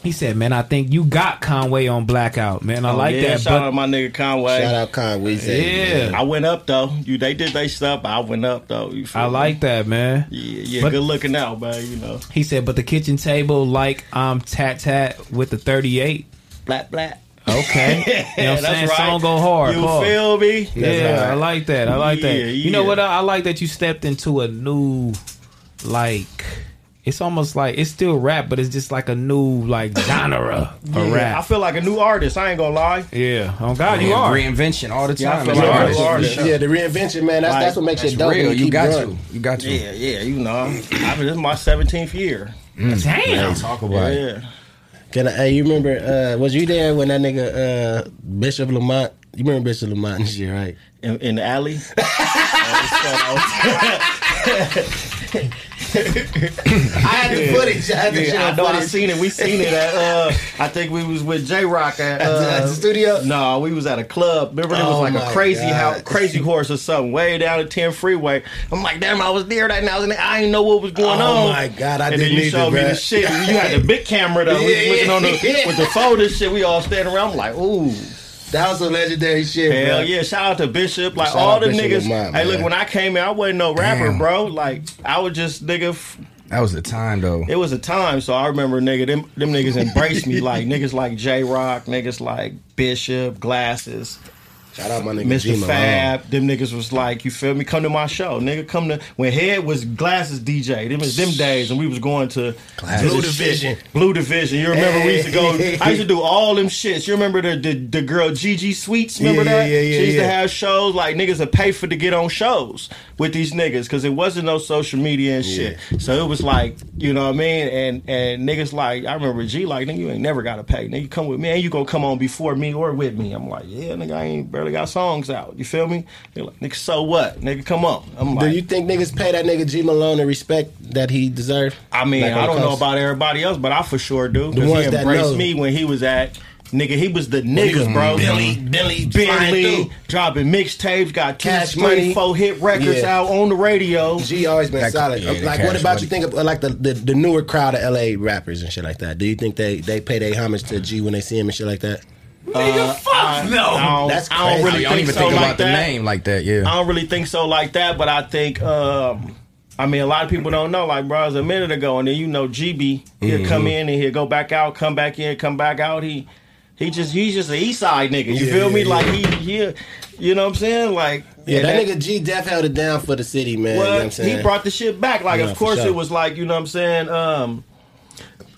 [SPEAKER 1] He said, man, I think you got Conway on Blackout, man. I
[SPEAKER 3] Oh,
[SPEAKER 1] like
[SPEAKER 3] yeah,
[SPEAKER 1] that.
[SPEAKER 3] Shout
[SPEAKER 1] but-
[SPEAKER 3] out my nigga Conway.
[SPEAKER 1] Shout
[SPEAKER 2] out Conway.
[SPEAKER 1] Yeah.
[SPEAKER 3] I went up though. You they did they stuff. I went up though. You feel
[SPEAKER 1] I
[SPEAKER 3] me?
[SPEAKER 1] like that, man.
[SPEAKER 3] Yeah, yeah.
[SPEAKER 1] But-
[SPEAKER 3] good looking out, man. You know.
[SPEAKER 1] He said, but the kitchen table, like I'm tat tat with the 38.
[SPEAKER 3] Blat, blat.
[SPEAKER 1] Okay. You know what I'm
[SPEAKER 3] That's
[SPEAKER 1] saying?
[SPEAKER 3] right.
[SPEAKER 1] Song go hard.
[SPEAKER 3] You
[SPEAKER 1] hard.
[SPEAKER 3] feel me?
[SPEAKER 1] Yeah,
[SPEAKER 3] That's right.
[SPEAKER 1] I like that. I like that.
[SPEAKER 3] Yeah,
[SPEAKER 1] You know
[SPEAKER 3] yeah.
[SPEAKER 1] what? I, I like that you stepped into a new, like, it's almost like it's still rap, but it's just like a new like genre of
[SPEAKER 3] Yeah, I
[SPEAKER 1] rap.
[SPEAKER 3] feel like a new artist. I ain't gonna lie.
[SPEAKER 1] Yeah. Oh God, you are
[SPEAKER 4] reinvention all the
[SPEAKER 3] Yeah, I
[SPEAKER 4] time.
[SPEAKER 3] feel
[SPEAKER 4] It's
[SPEAKER 3] like
[SPEAKER 4] artists.
[SPEAKER 3] I'm an artist.
[SPEAKER 2] Yeah, the reinvention, man. That's
[SPEAKER 3] Like,
[SPEAKER 2] that's what makes
[SPEAKER 3] that's
[SPEAKER 2] it dope.
[SPEAKER 4] real.
[SPEAKER 2] when
[SPEAKER 4] You
[SPEAKER 2] keep
[SPEAKER 4] got
[SPEAKER 2] growing.
[SPEAKER 4] to. You got to.
[SPEAKER 3] Yeah, yeah. You know, I'm- I mean, this is my 17th year.
[SPEAKER 1] Damn.
[SPEAKER 4] Talk
[SPEAKER 3] Yeah.
[SPEAKER 4] about it.
[SPEAKER 2] Can I? Hey, you remember? Uh, was you there when that nigga uh, Bishop Lamont? You remember Bishop Lamont and shit, right?
[SPEAKER 3] In, in the alley. Uh,
[SPEAKER 2] I had the footage. I had the shit
[SPEAKER 3] yeah, I
[SPEAKER 2] on
[SPEAKER 3] know I
[SPEAKER 2] footage.
[SPEAKER 3] seen it. We seen it at uh I think we was with J Rock
[SPEAKER 2] At
[SPEAKER 3] at, uh,
[SPEAKER 2] the- at the studio?
[SPEAKER 3] No, we was at a club. Remember it was
[SPEAKER 2] Oh
[SPEAKER 3] like a
[SPEAKER 2] my
[SPEAKER 3] crazy
[SPEAKER 2] God.
[SPEAKER 3] house, crazy horse or something, way down at 10 freeway. I'm like, damn, I was there that night and I didn't know what was going
[SPEAKER 2] Oh
[SPEAKER 3] on.
[SPEAKER 2] my God, I
[SPEAKER 3] and
[SPEAKER 2] didn't
[SPEAKER 3] then you
[SPEAKER 2] either,
[SPEAKER 3] showed me
[SPEAKER 2] bruh.
[SPEAKER 3] the shit. You had the big camera though. we was
[SPEAKER 2] Yeah,
[SPEAKER 3] looking on the
[SPEAKER 2] yeah.
[SPEAKER 3] with the folded shit. We all standing around. I'm like, ooh.
[SPEAKER 2] That was some legendary shit,
[SPEAKER 3] Hell
[SPEAKER 2] bro.
[SPEAKER 3] yeah! Shout out to Bishop, like
[SPEAKER 2] Shout
[SPEAKER 3] all
[SPEAKER 2] out
[SPEAKER 3] the
[SPEAKER 2] Bishop
[SPEAKER 3] niggas.
[SPEAKER 2] Lamont,
[SPEAKER 3] hey, look,
[SPEAKER 2] man.
[SPEAKER 3] when I came in, I wasn't no rapper,
[SPEAKER 4] Damn.
[SPEAKER 3] bro. Like I was just nigga f-
[SPEAKER 4] That was the time though.
[SPEAKER 3] it was a time, so I remember nigga them them niggas embraced me like niggas like J Rock, niggas like Bishop, Glasses,
[SPEAKER 2] Shout out my nigga
[SPEAKER 3] Mr.
[SPEAKER 2] G Malone.
[SPEAKER 3] Fab. Them niggas was like, you feel me? Come to my show, nigga. Come to when Head was Glasses DJ. Them was them days, and we was going to
[SPEAKER 2] Glasses.
[SPEAKER 3] Blue Division. Blue Division. You remember we used to go? I used to do all them shits. You remember the the, the girl Gigi Sweets? Remember
[SPEAKER 2] Yeah,
[SPEAKER 3] that?
[SPEAKER 2] yeah, yeah,
[SPEAKER 3] she used
[SPEAKER 2] yeah.
[SPEAKER 3] to have shows like niggas would pay for to get on shows with these niggas because it wasn't no social media and shit. So it was like, you know what I mean? And and niggas like, I remember G like, nigga, you ain't never gotta pay. Nigga, come with me, and you gonna come on before me or with me. I'm like, yeah, nigga, I ain't barely got songs out. You feel me? They're like, nigga, so what? Nigga, come on. I'm
[SPEAKER 2] Do
[SPEAKER 3] like.
[SPEAKER 2] you think niggas pay that nigga G Malone the respect that he deserved?
[SPEAKER 3] I mean,
[SPEAKER 2] Like, when
[SPEAKER 3] I
[SPEAKER 2] it
[SPEAKER 3] don't know
[SPEAKER 2] comes-
[SPEAKER 3] about everybody else, but I for sure do.
[SPEAKER 2] The
[SPEAKER 3] Because
[SPEAKER 2] ones
[SPEAKER 3] he
[SPEAKER 2] that know.
[SPEAKER 3] embraced me when he was at nigga. He was the
[SPEAKER 2] he was
[SPEAKER 3] niggas, bro.
[SPEAKER 2] Billy-
[SPEAKER 3] Billy,
[SPEAKER 2] flying through.
[SPEAKER 3] Billy, dropping mixtapes, got two,
[SPEAKER 2] Cash
[SPEAKER 3] three,
[SPEAKER 2] Money.
[SPEAKER 3] four hit records
[SPEAKER 2] Yeah.
[SPEAKER 3] out on the radio.
[SPEAKER 2] G always been
[SPEAKER 4] That-
[SPEAKER 2] solid.
[SPEAKER 4] yeah, that
[SPEAKER 2] like, what
[SPEAKER 4] cash
[SPEAKER 2] about
[SPEAKER 4] money.
[SPEAKER 2] you think of uh, like the, the, the newer crowd of LA rappers and shit like that? Do you think they, they pay their homage to G when they see him and shit like that?
[SPEAKER 1] Nigga, fuck no.
[SPEAKER 3] I don't,
[SPEAKER 2] That's
[SPEAKER 3] I
[SPEAKER 2] crazy.
[SPEAKER 3] don't really think
[SPEAKER 4] I don't even
[SPEAKER 3] so
[SPEAKER 4] think
[SPEAKER 3] like
[SPEAKER 4] about the
[SPEAKER 3] that.
[SPEAKER 4] name like that. Yeah.
[SPEAKER 3] I don't really think so like that, but I think um I mean a lot of people don't know. Like bro, it was a minute ago, and then you know GB, he'll
[SPEAKER 2] Mm-hmm.
[SPEAKER 3] come in and he'll go back out, come back in, come back out. He he just he's just an east side nigga. You
[SPEAKER 2] Yeah,
[SPEAKER 3] feel
[SPEAKER 2] yeah,
[SPEAKER 3] me?
[SPEAKER 2] yeah.
[SPEAKER 3] Like he he you know what I'm saying? Like
[SPEAKER 2] Yeah,
[SPEAKER 3] and
[SPEAKER 2] that, nigga G Def held it down for the city, man. you know what I'm
[SPEAKER 3] well,
[SPEAKER 2] saying?
[SPEAKER 3] he brought the shit back. Like,
[SPEAKER 2] Yeah,
[SPEAKER 3] of
[SPEAKER 2] for
[SPEAKER 3] course,
[SPEAKER 2] sure.
[SPEAKER 3] it was like you know what I'm saying. Um,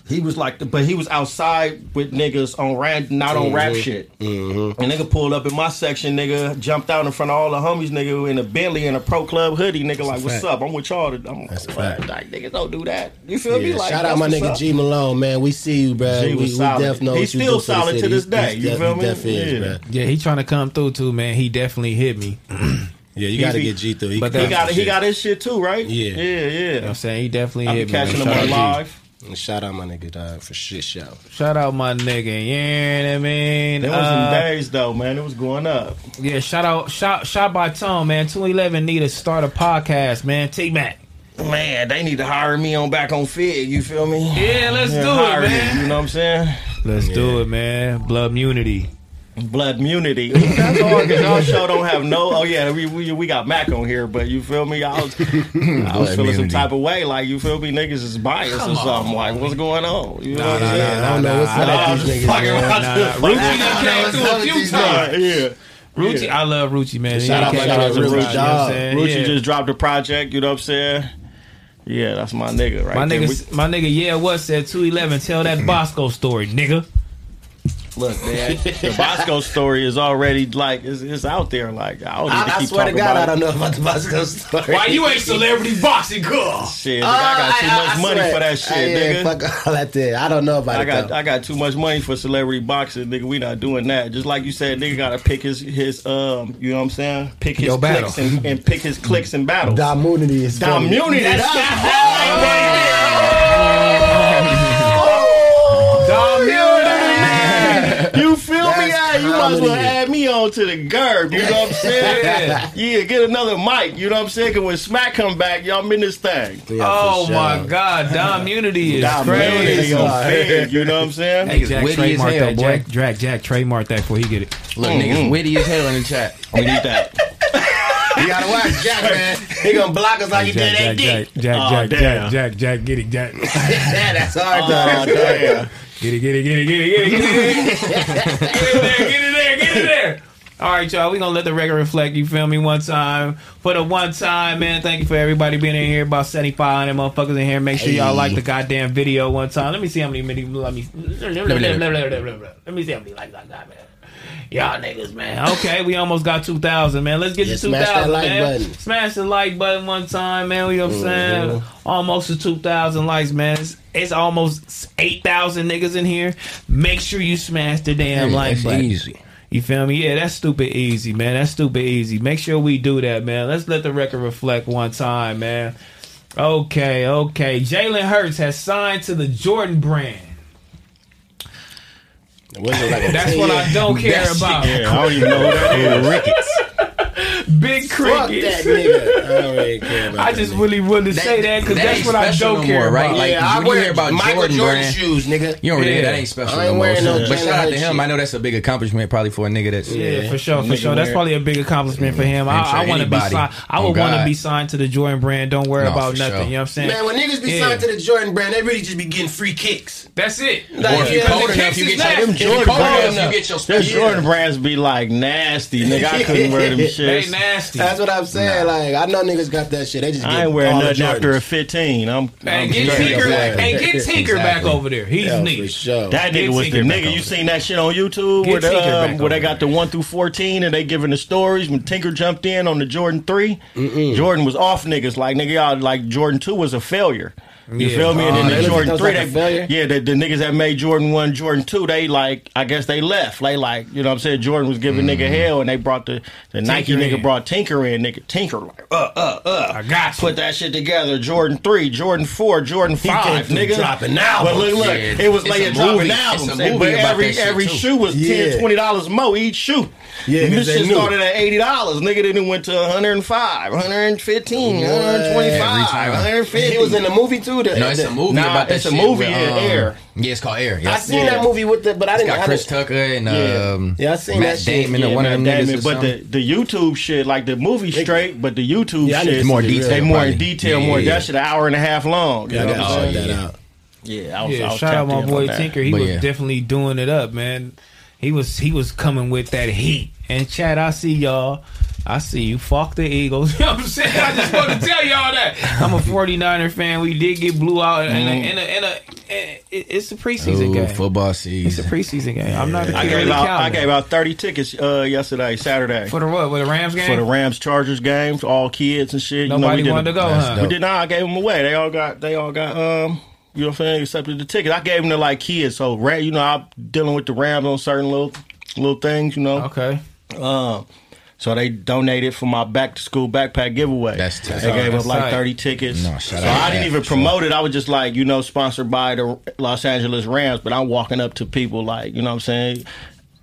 [SPEAKER 3] he was like, the, but he was outside with niggas on rant, not on rap
[SPEAKER 2] Mhm.
[SPEAKER 3] shit. Mm-hmm. And nigga pulled up in my section, nigga jumped out in front of all the homies, nigga in a Bentley and a pro club hoodie, nigga like, what's
[SPEAKER 2] fact.
[SPEAKER 3] up? I'm with y'all. today." I'm
[SPEAKER 2] That's a
[SPEAKER 3] like,
[SPEAKER 2] fact.
[SPEAKER 3] like, niggas don't do that. You feel me?
[SPEAKER 2] Yeah,
[SPEAKER 3] Like,
[SPEAKER 2] shout out my
[SPEAKER 3] that's
[SPEAKER 2] nigga
[SPEAKER 3] what's
[SPEAKER 2] G Malone, man. We see you, bro.
[SPEAKER 3] G
[SPEAKER 2] we,
[SPEAKER 3] was
[SPEAKER 2] we
[SPEAKER 3] solid.
[SPEAKER 2] def know
[SPEAKER 3] He's
[SPEAKER 2] what you
[SPEAKER 3] still
[SPEAKER 2] do for the
[SPEAKER 3] solid to
[SPEAKER 2] city.
[SPEAKER 3] this
[SPEAKER 2] He's
[SPEAKER 3] day, you
[SPEAKER 2] def-
[SPEAKER 3] feel
[SPEAKER 2] he
[SPEAKER 3] me?
[SPEAKER 2] Def is,
[SPEAKER 3] Yeah.
[SPEAKER 2] bro.
[SPEAKER 1] Yeah, he trying to come through too, man. He definitely hit me. You know
[SPEAKER 2] Yeah, you got to
[SPEAKER 3] He-
[SPEAKER 2] get G through.
[SPEAKER 1] but that-
[SPEAKER 2] can
[SPEAKER 3] He got
[SPEAKER 2] do
[SPEAKER 3] he
[SPEAKER 2] some
[SPEAKER 3] got his shit too, right?
[SPEAKER 2] Yeah.
[SPEAKER 3] yeah, yeah.
[SPEAKER 1] what I'm saying he definitely
[SPEAKER 3] I'm
[SPEAKER 1] hit me.
[SPEAKER 3] catching him
[SPEAKER 1] man.
[SPEAKER 3] on
[SPEAKER 1] Shout out-
[SPEAKER 3] live.
[SPEAKER 2] shit. Shout out my nigga, dog, for shit show.
[SPEAKER 1] Shout out my nigga. Yeah, you know what I mean.
[SPEAKER 3] There was
[SPEAKER 1] Uh,
[SPEAKER 3] some days though, man. It was going up.
[SPEAKER 1] Yeah, shout out, shout, shout by Tone, man. Two Eleven need to start a podcast, man. T Mac.
[SPEAKER 3] Man, they need to hire me on back on Fig. You feel me?
[SPEAKER 1] Yeah, let's do it,
[SPEAKER 3] hire me,
[SPEAKER 1] man.
[SPEAKER 3] you know what I'm saying?
[SPEAKER 1] Let's do it, man. Blood immunity.
[SPEAKER 3] Blood immunity. That's hard because y'all show don't have no. Oh yeah, we, we we got Mac on here, but you feel me? I was I was feeling some
[SPEAKER 4] immunity.
[SPEAKER 3] type of way, like you feel me? Niggas is biased or something. Like what's going on? You know what I'm saying?
[SPEAKER 2] I don't know what's up
[SPEAKER 3] Nah, I'm
[SPEAKER 2] with these
[SPEAKER 3] just
[SPEAKER 2] niggas,
[SPEAKER 3] fucking
[SPEAKER 2] man.
[SPEAKER 3] around.
[SPEAKER 1] Nah,
[SPEAKER 3] Just
[SPEAKER 1] nah,
[SPEAKER 3] fucking
[SPEAKER 1] Ruchi done came
[SPEAKER 3] around.
[SPEAKER 1] through a few times.
[SPEAKER 3] Yeah.
[SPEAKER 1] Ruchi, I love Ruchi, man.
[SPEAKER 2] Shout out
[SPEAKER 1] He
[SPEAKER 2] my
[SPEAKER 1] came
[SPEAKER 2] nigga
[SPEAKER 1] through a few
[SPEAKER 2] Ruchi,
[SPEAKER 1] times, you know what I'm
[SPEAKER 2] dog.
[SPEAKER 1] saying?
[SPEAKER 3] Ruchi
[SPEAKER 1] Yeah.
[SPEAKER 3] just dropped a project. You know what I'm saying? Yeah, that's my nigga right
[SPEAKER 1] My
[SPEAKER 3] there.
[SPEAKER 1] nigga, my nigga, yeah, what said two eleven? Tell that Bosco story, nigga.
[SPEAKER 3] Look, man, the Bosco story is already like it's, it's out there. Like I don't need
[SPEAKER 2] I,
[SPEAKER 3] to
[SPEAKER 2] I
[SPEAKER 3] keep
[SPEAKER 2] swear to
[SPEAKER 3] talking
[SPEAKER 2] God,
[SPEAKER 3] about
[SPEAKER 2] I don't
[SPEAKER 3] it.
[SPEAKER 2] know about the Bosco story.
[SPEAKER 6] Why you ain't celebrity boxing girl?
[SPEAKER 3] Shit, nigga, I got too much money for that shit, nigga.
[SPEAKER 2] Fuck all that there. I don't know about
[SPEAKER 3] I
[SPEAKER 2] it.
[SPEAKER 3] got
[SPEAKER 2] though.
[SPEAKER 3] I got too much money for celebrity boxing, nigga. We not doing that. Just like you said, nigga gotta pick his his um, you know what I'm saying? Pick his
[SPEAKER 2] Your battle.
[SPEAKER 3] clicks and, and pick his clicks and battles.
[SPEAKER 2] Domunity is funny.
[SPEAKER 3] Domunity, that's You feel me? Yeah, you might as well
[SPEAKER 2] comedy.
[SPEAKER 3] add me on to the GERB, you know what I'm saying?
[SPEAKER 2] Yeah.
[SPEAKER 3] yeah. get another mic, you know what I'm saying? Cause when Smack come back, y'all in this thing.
[SPEAKER 1] oh my God, Dom Unity is
[SPEAKER 3] Dom
[SPEAKER 1] crazy.
[SPEAKER 3] Unity on fig, you know what I'm saying?
[SPEAKER 1] Hey, Jack,
[SPEAKER 3] Witty as
[SPEAKER 1] trademark
[SPEAKER 3] hell,
[SPEAKER 1] that,
[SPEAKER 3] boy.
[SPEAKER 1] Jack, Jack, Jack, trademark that before he get it.
[SPEAKER 3] Look, niggas Mhm.
[SPEAKER 1] witty
[SPEAKER 4] as hell in the chat.
[SPEAKER 3] We need that.
[SPEAKER 2] You gotta watch Jack, man. He gonna block us like he did
[SPEAKER 1] Jack,
[SPEAKER 2] that
[SPEAKER 1] Jack,
[SPEAKER 2] dick.
[SPEAKER 1] Jack,
[SPEAKER 3] Oh,
[SPEAKER 1] Jack, Jack, Jack, Jack, Jack, get it, Jack.
[SPEAKER 2] Yeah, that's hard
[SPEAKER 1] Oh,
[SPEAKER 2] though.
[SPEAKER 1] damn. Get it, get it, get it, get it, get it, get it. Get it there, get it there, get it there. All right, y'all. We gonna let the record reflect. You feel me? One time for the one time, man. Thank you for everybody being in here. About seventy five hundred motherfuckers in here. Make sure y'all
[SPEAKER 6] Hey.
[SPEAKER 1] like the goddamn video one time. Let me see how many. many let me. Let me see how many likes I got, man. Y'all niggas, man. Okay, we almost got two thousand, man. Let's get
[SPEAKER 2] Yeah,
[SPEAKER 1] to two
[SPEAKER 2] smash that
[SPEAKER 1] thousand,
[SPEAKER 2] like
[SPEAKER 1] man.
[SPEAKER 2] button.
[SPEAKER 1] Smash the like button one time, man. You know what I'm saying?
[SPEAKER 5] Mm-hmm.
[SPEAKER 2] Mhm.
[SPEAKER 1] Almost to 2,000 likes, man. It's, it's almost 8,000 niggas in here. Make sure you smash the damn
[SPEAKER 5] Hey,
[SPEAKER 1] like
[SPEAKER 5] that's
[SPEAKER 1] button.
[SPEAKER 5] easy.
[SPEAKER 1] You feel me? Yeah, that's stupid easy, man. That's stupid easy. Make sure we do that, man. Let's let the record reflect one time, man. Okay, okay. Jalen Hurts has signed to the Jordan brand.
[SPEAKER 2] a
[SPEAKER 1] That's what I don't care
[SPEAKER 2] That shit-
[SPEAKER 1] about.
[SPEAKER 2] Yeah, I don't even know who that is.
[SPEAKER 1] Big
[SPEAKER 2] Fuck
[SPEAKER 1] crickets.
[SPEAKER 2] that nigga. I don't really care about
[SPEAKER 1] I just really wanted to say that because that's what I don't care
[SPEAKER 5] right?
[SPEAKER 1] about.
[SPEAKER 5] Like, when you hear about Jordan, brand, You don't really
[SPEAKER 1] Yeah.
[SPEAKER 5] that ain't special.
[SPEAKER 1] I ain't
[SPEAKER 5] no more.
[SPEAKER 1] wearing no
[SPEAKER 5] But
[SPEAKER 1] Jalen
[SPEAKER 5] shout out to
[SPEAKER 1] Hurts
[SPEAKER 5] him.
[SPEAKER 1] shit.
[SPEAKER 5] I know that's a big accomplishment probably for a nigga that's
[SPEAKER 1] Yeah, for sure, for
[SPEAKER 5] Nigga
[SPEAKER 1] sure. That's
[SPEAKER 5] wear-
[SPEAKER 1] probably a big accomplishment for him. I,
[SPEAKER 5] And for
[SPEAKER 1] I want to be
[SPEAKER 5] anybody.
[SPEAKER 1] signed. I
[SPEAKER 5] Oh,
[SPEAKER 1] would want to
[SPEAKER 5] God.
[SPEAKER 1] be signed to the Jordan brand. Don't worry
[SPEAKER 5] No,
[SPEAKER 1] about
[SPEAKER 5] for
[SPEAKER 1] nothing.
[SPEAKER 5] sure.
[SPEAKER 1] You know what I'm saying?
[SPEAKER 2] Man, when niggas be
[SPEAKER 1] Yeah.
[SPEAKER 2] signed to the Jordan brand, they really just be getting free kicks.
[SPEAKER 1] That's it.
[SPEAKER 2] Like,
[SPEAKER 3] Or if you
[SPEAKER 2] yeah,
[SPEAKER 3] cold
[SPEAKER 2] the
[SPEAKER 3] enough,
[SPEAKER 2] kicks
[SPEAKER 3] you
[SPEAKER 2] is
[SPEAKER 3] get
[SPEAKER 2] nasty.
[SPEAKER 3] your- them
[SPEAKER 2] If you
[SPEAKER 3] Jordan
[SPEAKER 2] cold
[SPEAKER 3] brands,
[SPEAKER 2] enough.
[SPEAKER 3] you get your Them special. Jordan brands be like nasty, nigga. I couldn't wear them shits. They nasty.
[SPEAKER 2] That's what I'm saying. Like I know niggas got that shit. They just
[SPEAKER 3] I ain't
[SPEAKER 2] get
[SPEAKER 3] wearing
[SPEAKER 2] all the
[SPEAKER 3] nothing after
[SPEAKER 2] Jordans.
[SPEAKER 3] a 15. I'm,
[SPEAKER 2] Man,
[SPEAKER 3] I'm
[SPEAKER 2] get
[SPEAKER 3] straight
[SPEAKER 2] Tinker
[SPEAKER 3] up
[SPEAKER 2] back.
[SPEAKER 3] like-
[SPEAKER 2] Hey, get Tinker back Exactly. over there. He's Yeah, neat. for sure.
[SPEAKER 3] That
[SPEAKER 2] Get
[SPEAKER 3] nigga was the
[SPEAKER 2] Tinker back
[SPEAKER 3] nigga. You seen that shit on YouTube
[SPEAKER 2] Get
[SPEAKER 3] where,
[SPEAKER 2] Tinker
[SPEAKER 3] the,
[SPEAKER 2] back
[SPEAKER 3] um, where
[SPEAKER 2] over
[SPEAKER 3] they got the 1 through 14 and they giving the stories when Tinker jumped in on the Jordan 3. Jordan was off niggas. Like, nigga, y'all, like, Jordan 2 was a failure. You
[SPEAKER 2] Yeah.
[SPEAKER 3] feel me? And
[SPEAKER 2] Oh,
[SPEAKER 3] then
[SPEAKER 2] they
[SPEAKER 3] the
[SPEAKER 2] looked at
[SPEAKER 3] Jordan
[SPEAKER 2] those
[SPEAKER 3] 3,
[SPEAKER 2] like a failure?
[SPEAKER 3] they, yeah, the, the niggas that made Jordan 1, Jordan 2, they like, I guess they left. They like, you know what I'm saying? Jordan was giving nigga
[SPEAKER 2] Mm-hmm.
[SPEAKER 3] hell and they brought the, the Nike
[SPEAKER 6] Tinker
[SPEAKER 3] nigga
[SPEAKER 6] in.
[SPEAKER 3] brought Tinker in, nigga. Tinker, like, uh, uh, uh. I got Put that shit together. Jordan 3, Jordan 4, Jordan 5,
[SPEAKER 2] came through
[SPEAKER 3] nigga.
[SPEAKER 2] dropping
[SPEAKER 3] But look,
[SPEAKER 2] albums.
[SPEAKER 3] look,
[SPEAKER 2] Yeah,
[SPEAKER 3] it was
[SPEAKER 2] it's
[SPEAKER 3] like
[SPEAKER 2] a
[SPEAKER 3] a dropping
[SPEAKER 2] movie.
[SPEAKER 3] album.
[SPEAKER 2] It's a movie
[SPEAKER 3] But
[SPEAKER 2] about
[SPEAKER 3] every
[SPEAKER 2] that shit,
[SPEAKER 3] every
[SPEAKER 2] too.
[SPEAKER 3] shoe was
[SPEAKER 2] Yeah.
[SPEAKER 3] $10, $20 more each shoe.
[SPEAKER 2] Yeah, 'cause
[SPEAKER 3] this
[SPEAKER 2] they
[SPEAKER 3] shit
[SPEAKER 2] knew.
[SPEAKER 3] started at $80, nigga. Then it went to 105 115 125 150
[SPEAKER 2] He was in the movie too. The,
[SPEAKER 5] No, it's
[SPEAKER 2] the-
[SPEAKER 5] a movie
[SPEAKER 3] Nah,
[SPEAKER 5] about that
[SPEAKER 3] it's a
[SPEAKER 5] shit
[SPEAKER 3] movie,
[SPEAKER 5] with,
[SPEAKER 3] yeah, Air.
[SPEAKER 5] Yeah, it's called Air. Yeah.
[SPEAKER 2] I seen
[SPEAKER 5] Yeah.
[SPEAKER 2] that movie with the, but I
[SPEAKER 5] It's
[SPEAKER 2] didn't.
[SPEAKER 5] got
[SPEAKER 2] I
[SPEAKER 5] Chris
[SPEAKER 2] didn't-
[SPEAKER 5] Tucker and um,
[SPEAKER 2] yeah, I seen
[SPEAKER 5] Matt
[SPEAKER 2] that shit.
[SPEAKER 5] Damon and
[SPEAKER 2] Yeah,
[SPEAKER 5] one
[SPEAKER 2] Matt
[SPEAKER 5] of them
[SPEAKER 2] Damon,
[SPEAKER 5] niggas. or
[SPEAKER 3] but
[SPEAKER 5] something.
[SPEAKER 3] the, the YouTube shit, like the movie's straight, but the YouTube
[SPEAKER 5] Yeah, I need
[SPEAKER 3] shit,
[SPEAKER 5] to more
[SPEAKER 3] they
[SPEAKER 5] detail,
[SPEAKER 3] more in
[SPEAKER 5] probably.
[SPEAKER 3] detail, more.
[SPEAKER 5] Yeah.
[SPEAKER 3] That shit, an hour and a half long. You
[SPEAKER 2] Yeah, I
[SPEAKER 3] know
[SPEAKER 2] gotta
[SPEAKER 3] what I'm
[SPEAKER 2] check
[SPEAKER 3] saying?
[SPEAKER 2] that out.
[SPEAKER 3] Oh, Yeah, I was, I
[SPEAKER 1] yeah,
[SPEAKER 3] was
[SPEAKER 1] shout out
[SPEAKER 3] tapped
[SPEAKER 1] my
[SPEAKER 3] in
[SPEAKER 1] boy
[SPEAKER 3] on that.
[SPEAKER 1] Tinker. He
[SPEAKER 3] But
[SPEAKER 1] was
[SPEAKER 3] yeah.
[SPEAKER 1] definitely doing it up, man. He was he was coming with that heat. And Chad, I see y'all. I see you. Fuck the Eagles. You know what I'm saying? I just want to tell y'all that. I'm a 49er fan. We did get blew out, and a, and a, and a, and it- it's a preseason
[SPEAKER 5] Ooh,
[SPEAKER 1] game.
[SPEAKER 5] football season.
[SPEAKER 1] It's a preseason game. I'm not a
[SPEAKER 3] I
[SPEAKER 1] kid on
[SPEAKER 3] gave
[SPEAKER 1] the
[SPEAKER 3] out I
[SPEAKER 1] calendar.
[SPEAKER 3] gave out thirty tickets uh, yesterday, Saturday.
[SPEAKER 1] For the what? For the Rams game?
[SPEAKER 3] For the Rams Chargers games, all kids and shit.
[SPEAKER 1] Nobody
[SPEAKER 3] you know, we
[SPEAKER 1] wanted
[SPEAKER 3] did
[SPEAKER 1] to go,
[SPEAKER 3] That's
[SPEAKER 1] huh?
[SPEAKER 3] dope. We did not. I gave them away. They all got. They all got. Um, you know what I'm saying? Accepted the tickets. I gave them to like kids. So Ra- you know, I'm dealing with the Rams on certain little little things. You know.
[SPEAKER 1] Okay.
[SPEAKER 3] Um. So they donated for my back to school backpack giveaway. That's
[SPEAKER 5] tight.
[SPEAKER 3] They gave
[SPEAKER 5] That's
[SPEAKER 3] up like
[SPEAKER 5] tight.
[SPEAKER 3] thirty tickets.
[SPEAKER 5] No, shout
[SPEAKER 3] so
[SPEAKER 5] out to
[SPEAKER 3] I
[SPEAKER 5] that,
[SPEAKER 3] didn't even
[SPEAKER 5] for sure.
[SPEAKER 3] promote it. I was just like, you know, sponsored by the Los Angeles Rams. But I'm walking up to people like, you know what I'm saying.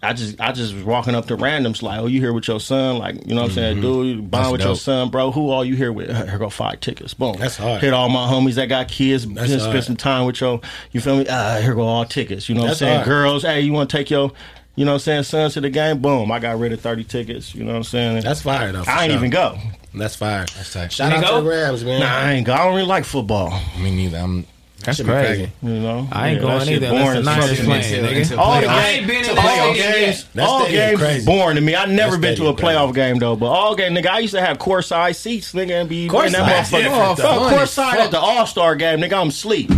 [SPEAKER 3] I just I just was walking up to randoms like, oh, you here with your son? Like, you know what I'm saying,
[SPEAKER 5] Mm-hmm.
[SPEAKER 2] Mhm.
[SPEAKER 3] dude, you bond
[SPEAKER 2] That's
[SPEAKER 3] with your
[SPEAKER 2] dope.
[SPEAKER 3] son, bro. Who all you here with? Here go five tickets. Boom.
[SPEAKER 2] That's hard.
[SPEAKER 3] Hit all my homies that got kids.
[SPEAKER 2] That's
[SPEAKER 3] Just
[SPEAKER 2] hard.
[SPEAKER 3] spend some time with your. You feel me? Uh, here go all tickets. You know
[SPEAKER 2] That's
[SPEAKER 3] what I'm saying?
[SPEAKER 2] hard.
[SPEAKER 3] Girls, hey, you want to take your. You know what I'm saying? Sons to the game, boom. I got rid of 30 tickets. You know what I'm saying?
[SPEAKER 2] That's fire though. for
[SPEAKER 3] I ain't
[SPEAKER 2] sure.
[SPEAKER 3] even go.
[SPEAKER 2] That's fire. That's tight. Shout
[SPEAKER 3] You
[SPEAKER 2] out
[SPEAKER 3] didn't
[SPEAKER 2] to the Rams, man.
[SPEAKER 3] Nah, I ain't go. I don't really like football.
[SPEAKER 5] Me neither. I'm.
[SPEAKER 1] That's
[SPEAKER 2] Should be crazy.
[SPEAKER 3] You know,
[SPEAKER 1] I ain't going
[SPEAKER 3] that shit
[SPEAKER 1] either unless
[SPEAKER 3] boring
[SPEAKER 1] the
[SPEAKER 3] as
[SPEAKER 1] Niners
[SPEAKER 3] fuck.
[SPEAKER 1] playing, nigga. Until
[SPEAKER 3] All the
[SPEAKER 1] playoff. I ain't been
[SPEAKER 3] games,
[SPEAKER 1] in that
[SPEAKER 3] all
[SPEAKER 1] stadium
[SPEAKER 3] games,
[SPEAKER 1] yet. That
[SPEAKER 3] all
[SPEAKER 1] stadium
[SPEAKER 3] games
[SPEAKER 1] crazy.
[SPEAKER 3] boring to me. I never been to a
[SPEAKER 2] stadium crazy.
[SPEAKER 3] playoff game though, but all game, nigga. I used to have courtside seats, nigga, and be
[SPEAKER 2] Courtside
[SPEAKER 3] in that
[SPEAKER 2] is different,
[SPEAKER 3] motherfucker.
[SPEAKER 2] though.
[SPEAKER 3] Fuck,
[SPEAKER 2] Fun as
[SPEAKER 3] Courtside at the All Star game, nigga. I'm asleep.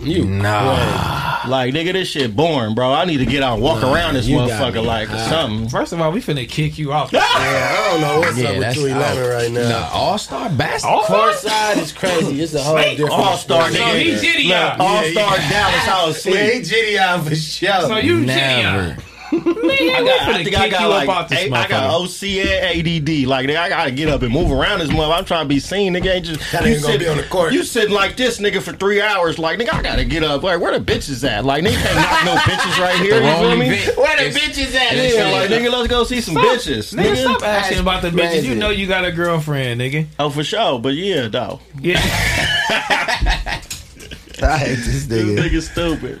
[SPEAKER 2] You
[SPEAKER 5] nah.
[SPEAKER 3] Like, nigga, this shit boring, bro. I need to get out and walk
[SPEAKER 1] Nah,
[SPEAKER 3] around this
[SPEAKER 1] you got me.
[SPEAKER 3] motherfucker like or
[SPEAKER 1] Nah.
[SPEAKER 3] something.
[SPEAKER 1] First of all, we finna kick you off.
[SPEAKER 2] Yeah, I don't know what's up with 211
[SPEAKER 4] uh,
[SPEAKER 2] right now.
[SPEAKER 5] All Star basketball.
[SPEAKER 2] Courtside is crazy. It's a whole
[SPEAKER 1] Slate
[SPEAKER 2] different
[SPEAKER 3] All-star, nigga.
[SPEAKER 2] Yeah.
[SPEAKER 3] He jitty Look, out. all-star Dallas, I was asleep.
[SPEAKER 2] Yeah, he jitty out for sure.
[SPEAKER 1] So you jitty out.
[SPEAKER 3] I,
[SPEAKER 1] we
[SPEAKER 3] got,
[SPEAKER 1] finna
[SPEAKER 3] I think I
[SPEAKER 1] kick
[SPEAKER 3] got
[SPEAKER 1] you up
[SPEAKER 3] like
[SPEAKER 1] out this
[SPEAKER 3] eight- I got
[SPEAKER 1] motherfucker.
[SPEAKER 3] OC and ADD. Like, nigga, I gotta get up and move around this mother. I'm trying to be seen. Nigga ain't just
[SPEAKER 2] That ain't gonna be on the court.
[SPEAKER 3] You sitting like this, nigga, for three hours. Like, nigga, I gotta get up. Like, where the bitches at? Like, nigga can't knock no bitches right here.
[SPEAKER 5] The
[SPEAKER 3] You feel
[SPEAKER 5] wrong
[SPEAKER 3] me?
[SPEAKER 5] event.
[SPEAKER 6] Where the bitches at?
[SPEAKER 3] Yeah, like, nigga, let's go see some
[SPEAKER 1] Stop.
[SPEAKER 3] bitches.
[SPEAKER 1] Nigga, stop asking about the bitches.
[SPEAKER 2] crazy.
[SPEAKER 1] You know you got a girlfriend, nigga.
[SPEAKER 3] Oh, for sure. But yeah, though.
[SPEAKER 1] Yeah.
[SPEAKER 2] I hate this
[SPEAKER 3] This
[SPEAKER 2] nigga.
[SPEAKER 3] nigga's stupid.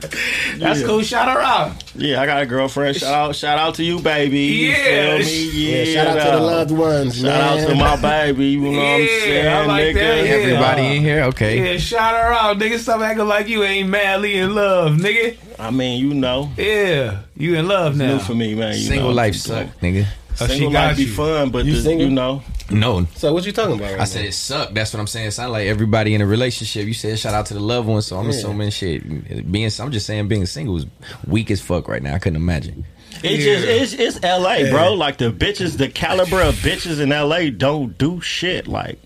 [SPEAKER 1] That's
[SPEAKER 3] yeah.
[SPEAKER 1] cool. Shout her out.
[SPEAKER 3] Yeah, I got a girlfriend. Shout out, shout out to you, baby. You
[SPEAKER 1] Yeah.
[SPEAKER 3] feel me? Yeah,
[SPEAKER 2] Yeah, shout out to the
[SPEAKER 3] dawg.
[SPEAKER 2] loved ones,
[SPEAKER 3] Shout out to
[SPEAKER 2] man.
[SPEAKER 3] my baby. You know what I'm
[SPEAKER 1] Yeah, I
[SPEAKER 3] saying,
[SPEAKER 1] like
[SPEAKER 3] nigga?
[SPEAKER 1] that, yeah.
[SPEAKER 5] Everybody in here, okay.
[SPEAKER 1] Yeah, shout her out, nigga. Stop acting like you ain't madly in love, nigga.
[SPEAKER 3] I mean, you know,
[SPEAKER 1] Yeah, you in love now.
[SPEAKER 3] new for me, man. You
[SPEAKER 5] Single
[SPEAKER 3] know.
[SPEAKER 5] life suck, nigga.
[SPEAKER 1] Oh,
[SPEAKER 3] Single
[SPEAKER 1] she got
[SPEAKER 3] life be
[SPEAKER 1] you.
[SPEAKER 3] fun, but
[SPEAKER 2] You
[SPEAKER 3] the- you,
[SPEAKER 2] single?
[SPEAKER 3] know,
[SPEAKER 5] No,
[SPEAKER 2] So what you talking about? Right
[SPEAKER 5] I said it sucked. That's what I'm saying. It sound like everybody in a relationship. You said shout out to the loved ones. So I'm assuming shit. Being, I'm just saying being single is weak as fuck right now. I couldn't imagine.
[SPEAKER 3] it's just it's it's L.A., bro. Like the bitches, the caliber of bitches in L.A. don't do shit. Like,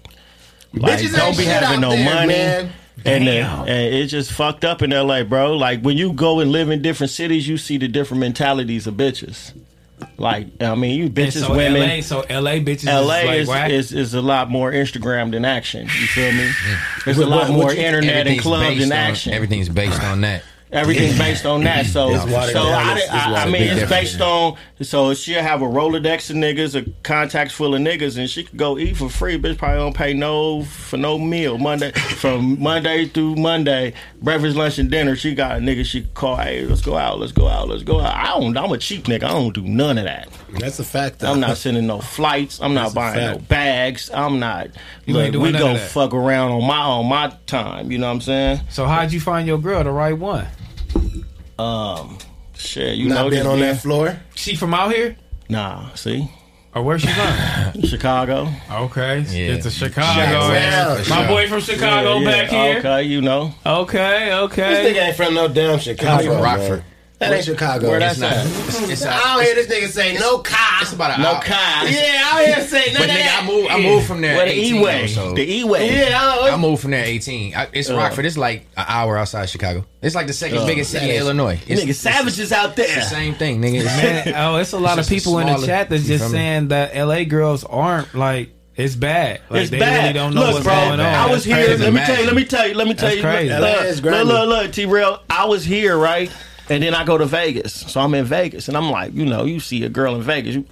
[SPEAKER 3] like
[SPEAKER 2] Bitches
[SPEAKER 3] don't
[SPEAKER 2] ain't
[SPEAKER 3] be
[SPEAKER 2] shit
[SPEAKER 3] having
[SPEAKER 2] out
[SPEAKER 3] no
[SPEAKER 2] there,
[SPEAKER 3] money.
[SPEAKER 2] man.
[SPEAKER 3] And, the, and it's just fucked up in LA, bro. Like when you go and live in different cities, you see the different mentalities of bitches. Like I mean, you
[SPEAKER 1] And
[SPEAKER 3] bitches,
[SPEAKER 1] so
[SPEAKER 3] women,
[SPEAKER 1] LA, so LA bitches
[SPEAKER 3] LA
[SPEAKER 1] is like
[SPEAKER 3] is,
[SPEAKER 1] whack.
[SPEAKER 3] is, is a lot more Instagram than action. You feel me? There's a
[SPEAKER 2] But
[SPEAKER 3] lot
[SPEAKER 2] what- what
[SPEAKER 3] more
[SPEAKER 2] you-
[SPEAKER 3] internet and
[SPEAKER 5] Everything's
[SPEAKER 3] clubs
[SPEAKER 5] based
[SPEAKER 3] than
[SPEAKER 5] on-
[SPEAKER 3] action.
[SPEAKER 5] Everything's based on that.
[SPEAKER 3] Everything's based on that. So,
[SPEAKER 2] It's
[SPEAKER 3] so I,
[SPEAKER 2] water down,
[SPEAKER 3] did-
[SPEAKER 2] it's- it's
[SPEAKER 3] I, I
[SPEAKER 2] water
[SPEAKER 3] mean,
[SPEAKER 2] down.
[SPEAKER 3] it's based on. So she'll have a Rolodex of niggas, a contacts full of niggas, and she could go eat for free. Bitch probably don't pay no for no meal Monday from Monday through Monday, breakfast, lunch, and dinner. She got a nigga she could call. Hey, let's go out. Let's go out. Let's go out. I don't. I'm a cheap nigga. I don't do none of that.
[SPEAKER 2] That's a fact. Though.
[SPEAKER 3] I'm not sending no flights. I'm not
[SPEAKER 2] That's a
[SPEAKER 3] buying no
[SPEAKER 2] fact.
[SPEAKER 3] bags. I'm not.
[SPEAKER 1] You ain't
[SPEAKER 3] Look,
[SPEAKER 1] doing
[SPEAKER 3] we
[SPEAKER 1] none
[SPEAKER 3] gonna
[SPEAKER 1] of that.
[SPEAKER 3] fuck around on my on my time. You know what I'm saying?
[SPEAKER 1] so how'd you find your girl, the right one?
[SPEAKER 3] Um, shit. You know
[SPEAKER 2] not
[SPEAKER 3] this
[SPEAKER 2] been on
[SPEAKER 3] man.
[SPEAKER 2] that floor.
[SPEAKER 1] She from out here?
[SPEAKER 3] Nah, see,
[SPEAKER 1] Or where Oh, she from?
[SPEAKER 3] Chicago.
[SPEAKER 1] okay,
[SPEAKER 5] Yeah.
[SPEAKER 1] it's a Chicago.
[SPEAKER 2] Yeah,
[SPEAKER 1] My boy from Chicago
[SPEAKER 3] Yeah, yeah,
[SPEAKER 1] back here. Okay,
[SPEAKER 3] Okay, you know
[SPEAKER 1] okay.
[SPEAKER 2] This nigga ain't from no damn Chicago.
[SPEAKER 5] from
[SPEAKER 2] man.
[SPEAKER 5] Rockford.
[SPEAKER 2] That ain't Chicago.
[SPEAKER 3] where that's
[SPEAKER 5] not-
[SPEAKER 3] at.
[SPEAKER 5] It's
[SPEAKER 2] I don't hear this nigga say no car.
[SPEAKER 5] It's about an
[SPEAKER 3] No
[SPEAKER 5] hour.
[SPEAKER 3] Kai.
[SPEAKER 2] Yeah, I don't hear say none
[SPEAKER 5] But nigga,
[SPEAKER 2] of
[SPEAKER 5] I
[SPEAKER 2] that.
[SPEAKER 5] moved. I moved from there.
[SPEAKER 3] Where
[SPEAKER 5] at
[SPEAKER 3] the
[SPEAKER 5] 18
[SPEAKER 3] E way?
[SPEAKER 5] so-
[SPEAKER 3] The E way.
[SPEAKER 2] Yeah, I don't-
[SPEAKER 5] I moved from there at 18. I, it's Rockford. It's like an hour outside Chicago. It's like the second biggest city in Illinois. It's,
[SPEAKER 3] Nigga, savages out there.
[SPEAKER 5] it's the same thing, nigga. It's-
[SPEAKER 1] Man, oh, it's a lot
[SPEAKER 5] It's
[SPEAKER 1] of
[SPEAKER 5] just a
[SPEAKER 1] people in the
[SPEAKER 5] smaller-
[SPEAKER 1] chat that's
[SPEAKER 5] you
[SPEAKER 1] just
[SPEAKER 5] feel me?
[SPEAKER 1] saying that LA girls aren't like it's bad. Like
[SPEAKER 3] it's
[SPEAKER 1] they
[SPEAKER 3] bad.
[SPEAKER 1] really don't know
[SPEAKER 3] look,
[SPEAKER 1] what's
[SPEAKER 3] bro,
[SPEAKER 1] going on.
[SPEAKER 3] I
[SPEAKER 5] That's
[SPEAKER 3] was here.
[SPEAKER 5] crazy.
[SPEAKER 3] Let me
[SPEAKER 5] Imagine.
[SPEAKER 3] tell you. Let me tell you. Let me tell
[SPEAKER 1] That's
[SPEAKER 3] you.
[SPEAKER 1] crazy.
[SPEAKER 2] LA is
[SPEAKER 3] Look, look,
[SPEAKER 2] grimy.
[SPEAKER 3] look, look, T-Rail. I was here, right? And then I go to Vegas. So I'm in Vegas, and I'm like, you know, you see a girl in Vegas. You,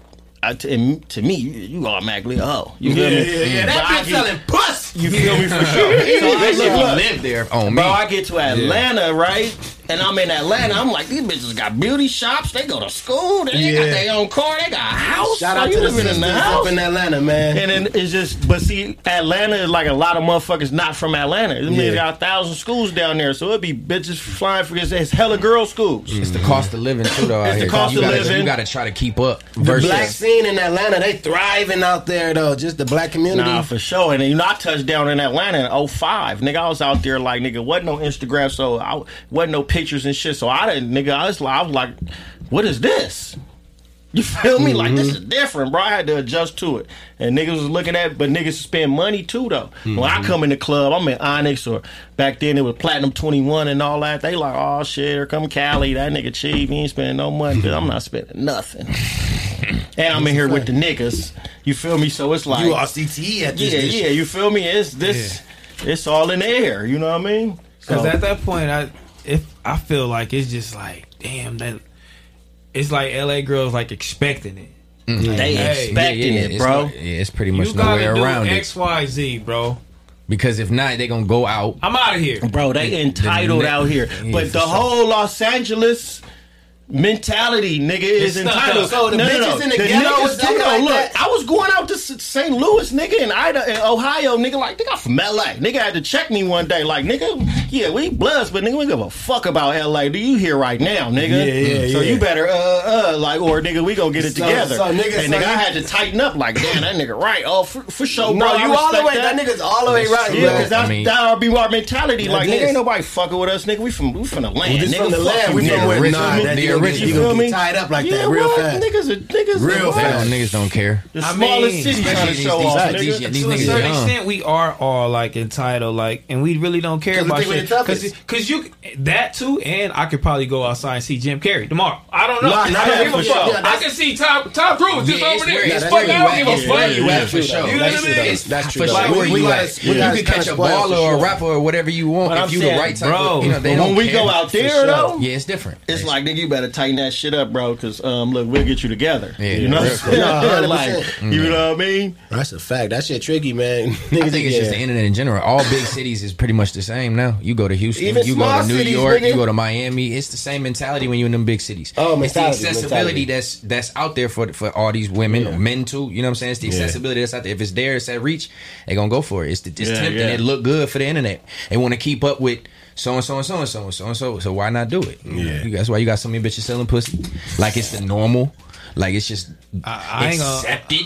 [SPEAKER 3] I, to, and to me, you, you automatically a hoe. You feel me?
[SPEAKER 2] yeah,
[SPEAKER 3] But I
[SPEAKER 2] that bitch
[SPEAKER 3] get-
[SPEAKER 2] selling puss.
[SPEAKER 3] You feel me for sure. So I look, look,
[SPEAKER 5] live there on me.
[SPEAKER 3] Bro, I get to Atlanta, right? And I'm in Atlanta. I'm like, these bitches got beauty shops. They go to school. They got
[SPEAKER 2] Yeah.
[SPEAKER 3] their own car. They got a house.
[SPEAKER 2] Shout
[SPEAKER 3] Like,
[SPEAKER 2] out
[SPEAKER 3] you
[SPEAKER 2] to the
[SPEAKER 3] living
[SPEAKER 2] sisters
[SPEAKER 3] in the
[SPEAKER 2] up
[SPEAKER 3] house.
[SPEAKER 2] in Atlanta, man.
[SPEAKER 3] and then it's just, but see, Atlanta is like a lot of motherfuckers not from Atlanta. I mean,
[SPEAKER 2] Yeah.
[SPEAKER 3] they got a thousand schools down there, so it'd be bitches flying for this. It's hella girl schools.
[SPEAKER 5] it's the cost of living too, though. out
[SPEAKER 3] It's the
[SPEAKER 5] here.
[SPEAKER 3] cost
[SPEAKER 5] you
[SPEAKER 3] of
[SPEAKER 5] gotta,
[SPEAKER 3] living.
[SPEAKER 5] You got to try to keep up.
[SPEAKER 2] The
[SPEAKER 5] Versus
[SPEAKER 2] black scene in Atlanta, they thriving out there though. Just the black community.
[SPEAKER 3] Nah, for sure. And then, you know, I touched down in Atlanta in 05. Nigga, I was out there like, nigga, wasn't no Instagram, so I wasn't no pictures and shit. So I didn't, nigga, I was like, I was like what is this? You feel me? Like this
[SPEAKER 2] Mm-hmm.
[SPEAKER 3] is different, bro. I had to adjust to it, and niggas was looking at, but niggas spend money too though. When
[SPEAKER 2] Mm-hmm.
[SPEAKER 3] I come in the club, I'm in Onyx or back then it was Platinum Twenty One and all that. They like, oh shit, here come Cali. That nigga cheap. He ain't spending no money. But I'm not spending nothing, and I'm in here with the niggas. You feel me? So it's like
[SPEAKER 2] you are CTE at this.
[SPEAKER 3] yeah,
[SPEAKER 2] bitch.
[SPEAKER 3] yeah. You feel me? It's this. It's all in the air. You know what I mean?
[SPEAKER 1] Because
[SPEAKER 3] So-
[SPEAKER 1] at that point, I if I feel like it's just like damn that it's like LA girls like expecting it.
[SPEAKER 3] they
[SPEAKER 1] Hey.
[SPEAKER 3] expecting
[SPEAKER 5] yeah,
[SPEAKER 3] it,
[SPEAKER 5] it's
[SPEAKER 3] bro.
[SPEAKER 5] no- yeah, it's pretty much
[SPEAKER 1] You
[SPEAKER 5] no
[SPEAKER 1] gotta
[SPEAKER 5] way
[SPEAKER 1] do
[SPEAKER 5] around
[SPEAKER 1] X Y Z, bro.
[SPEAKER 5] it. Because if not, they gonna go out.
[SPEAKER 1] I'm out of here.
[SPEAKER 3] Bro, they entitled
[SPEAKER 5] the-
[SPEAKER 3] out here.
[SPEAKER 5] yeah,
[SPEAKER 3] but
[SPEAKER 5] for
[SPEAKER 3] the
[SPEAKER 5] sure.
[SPEAKER 3] whole Los Angeles, mentality, nigga, is
[SPEAKER 2] It's not
[SPEAKER 3] entitled.
[SPEAKER 2] though. So the bitches in the ghetto
[SPEAKER 3] niggas
[SPEAKER 2] is acting
[SPEAKER 3] do, though.
[SPEAKER 2] like
[SPEAKER 3] look,
[SPEAKER 2] that?
[SPEAKER 3] I was going out to S- St. Louis, nigga, in Ida, in Ohio, nigga, like, nigga, I'm from LA. Nigga had to check me one day, like, nigga, yeah, we bloods, but nigga, we give a fuck about LA. Do you hear right now, nigga?
[SPEAKER 2] Yeah, yeah,
[SPEAKER 3] So
[SPEAKER 2] yeah.
[SPEAKER 3] you better, uh, uh, like, or nigga, we gonna get it
[SPEAKER 2] So-
[SPEAKER 3] together.
[SPEAKER 2] so, nigga,
[SPEAKER 3] and
[SPEAKER 2] so
[SPEAKER 3] nigga, I
[SPEAKER 2] you-
[SPEAKER 3] had to tighten up, like, damn, that nigga, right? Oh, for, for sure,
[SPEAKER 2] No,
[SPEAKER 3] bro.
[SPEAKER 2] you
[SPEAKER 3] I
[SPEAKER 2] all the
[SPEAKER 3] respect
[SPEAKER 2] way- that nigga's all the way
[SPEAKER 3] That's
[SPEAKER 2] right,
[SPEAKER 3] true.
[SPEAKER 2] bro.
[SPEAKER 3] Yeah, because that's
[SPEAKER 2] I mean-
[SPEAKER 3] that'll be our mentality.
[SPEAKER 2] It
[SPEAKER 3] Like,
[SPEAKER 2] is.
[SPEAKER 3] nigga, ain't nobody fucking with us, nigga. We from we from the land,
[SPEAKER 2] this
[SPEAKER 3] nigga.
[SPEAKER 2] from the
[SPEAKER 3] Fuck
[SPEAKER 2] land.
[SPEAKER 3] you,
[SPEAKER 2] We from
[SPEAKER 3] nigga.
[SPEAKER 2] where- nah,
[SPEAKER 3] Richmond,
[SPEAKER 2] that
[SPEAKER 3] nigga,
[SPEAKER 2] nigga gonna get-
[SPEAKER 3] Richmond,
[SPEAKER 2] you
[SPEAKER 3] feel
[SPEAKER 2] gonna
[SPEAKER 3] me?
[SPEAKER 2] get tied up like
[SPEAKER 3] Yeah,
[SPEAKER 2] that real
[SPEAKER 3] what?
[SPEAKER 2] fast.
[SPEAKER 3] Niggas, are, niggas,
[SPEAKER 2] Real
[SPEAKER 3] are-
[SPEAKER 2] fast.
[SPEAKER 5] They don't- niggas don't care.
[SPEAKER 3] The
[SPEAKER 1] I
[SPEAKER 3] smallest
[SPEAKER 1] mean,
[SPEAKER 3] city trying to
[SPEAKER 5] especially
[SPEAKER 3] show
[SPEAKER 5] these-
[SPEAKER 3] off,
[SPEAKER 5] these-
[SPEAKER 3] nigga.
[SPEAKER 5] these
[SPEAKER 1] to a
[SPEAKER 5] niggas
[SPEAKER 1] certain
[SPEAKER 5] young.
[SPEAKER 1] extent, we are all like entitled, like, and we really don't care
[SPEAKER 2] 'Cause we
[SPEAKER 1] about
[SPEAKER 2] think we
[SPEAKER 1] shit.
[SPEAKER 2] the toughest.
[SPEAKER 1] Cause, 'cause you that too, and I could probably go outside and see Jim Carrey tomorrow. I don't know.
[SPEAKER 2] Nah, nah,
[SPEAKER 1] I
[SPEAKER 2] yeah,
[SPEAKER 1] don't give a
[SPEAKER 2] for sure.
[SPEAKER 1] fuck.
[SPEAKER 2] Yeah,
[SPEAKER 1] I
[SPEAKER 2] that's-
[SPEAKER 1] can see Tom Tom Cruise just
[SPEAKER 5] Yeah, it's
[SPEAKER 1] over there.
[SPEAKER 5] where-
[SPEAKER 1] It's
[SPEAKER 5] yeah, that's
[SPEAKER 1] fuck.
[SPEAKER 5] where
[SPEAKER 1] I
[SPEAKER 5] you
[SPEAKER 1] don't
[SPEAKER 5] at.
[SPEAKER 1] give a
[SPEAKER 5] Yeah,
[SPEAKER 1] fuck.
[SPEAKER 5] yeah, yeah, for sure.
[SPEAKER 1] You know
[SPEAKER 2] That's
[SPEAKER 1] what I
[SPEAKER 2] true,
[SPEAKER 1] mean?
[SPEAKER 2] though.
[SPEAKER 1] It's-
[SPEAKER 2] That's true,
[SPEAKER 1] for
[SPEAKER 2] though.
[SPEAKER 1] sure.
[SPEAKER 2] We-
[SPEAKER 1] We
[SPEAKER 2] we
[SPEAKER 1] like-
[SPEAKER 2] gotta- we
[SPEAKER 5] You
[SPEAKER 2] gotta
[SPEAKER 5] can catch
[SPEAKER 2] kinda
[SPEAKER 5] a
[SPEAKER 2] spoil
[SPEAKER 5] baller
[SPEAKER 2] for
[SPEAKER 5] or a
[SPEAKER 2] sure.
[SPEAKER 5] rapper or whatever you want
[SPEAKER 3] But
[SPEAKER 5] if
[SPEAKER 3] I'm
[SPEAKER 5] you the
[SPEAKER 3] saying,
[SPEAKER 5] right type.
[SPEAKER 1] bro,
[SPEAKER 5] of, you know, they
[SPEAKER 3] But when
[SPEAKER 5] don't
[SPEAKER 3] we
[SPEAKER 5] care.
[SPEAKER 3] go out there,
[SPEAKER 2] sure.
[SPEAKER 3] though,
[SPEAKER 5] yeah, it's different.
[SPEAKER 3] it's like, nigga, you better tighten that shit up, bro, because, um, look, we'll get you together.
[SPEAKER 5] Yeah,
[SPEAKER 3] you know what I'm
[SPEAKER 5] real
[SPEAKER 3] saying?
[SPEAKER 2] quick.
[SPEAKER 3] Like, you know what I mean?
[SPEAKER 2] That's a fact. That shit tricky, man. Niggas,
[SPEAKER 5] I think it's just the internet in general. All big cities is pretty much the same now. You go to Houston,
[SPEAKER 2] Even
[SPEAKER 5] you go
[SPEAKER 2] small
[SPEAKER 5] to New
[SPEAKER 2] cities,
[SPEAKER 5] York,
[SPEAKER 2] nigga.
[SPEAKER 5] you go to Miami. It's the same mentality when you're in them big cities.
[SPEAKER 2] Oh,
[SPEAKER 5] it's the
[SPEAKER 2] mentality,
[SPEAKER 5] accessibility
[SPEAKER 2] mentality.
[SPEAKER 5] that's that's out there for for all these women, men too. You know what I'm saying? It's the accessibility that's out there. If it's there, it's at reach. They gonna go for it. It's, the, it's
[SPEAKER 3] Yeah,
[SPEAKER 5] tempting.
[SPEAKER 3] yeah.
[SPEAKER 5] It look good for the internet. They want to keep up with. So and so and so and so and so and so. So why not do it? Yeah, that's why you got so many bitches selling pussy. Like it's the normal. Like it's just
[SPEAKER 1] I, I ain't gonna.
[SPEAKER 5] accepted.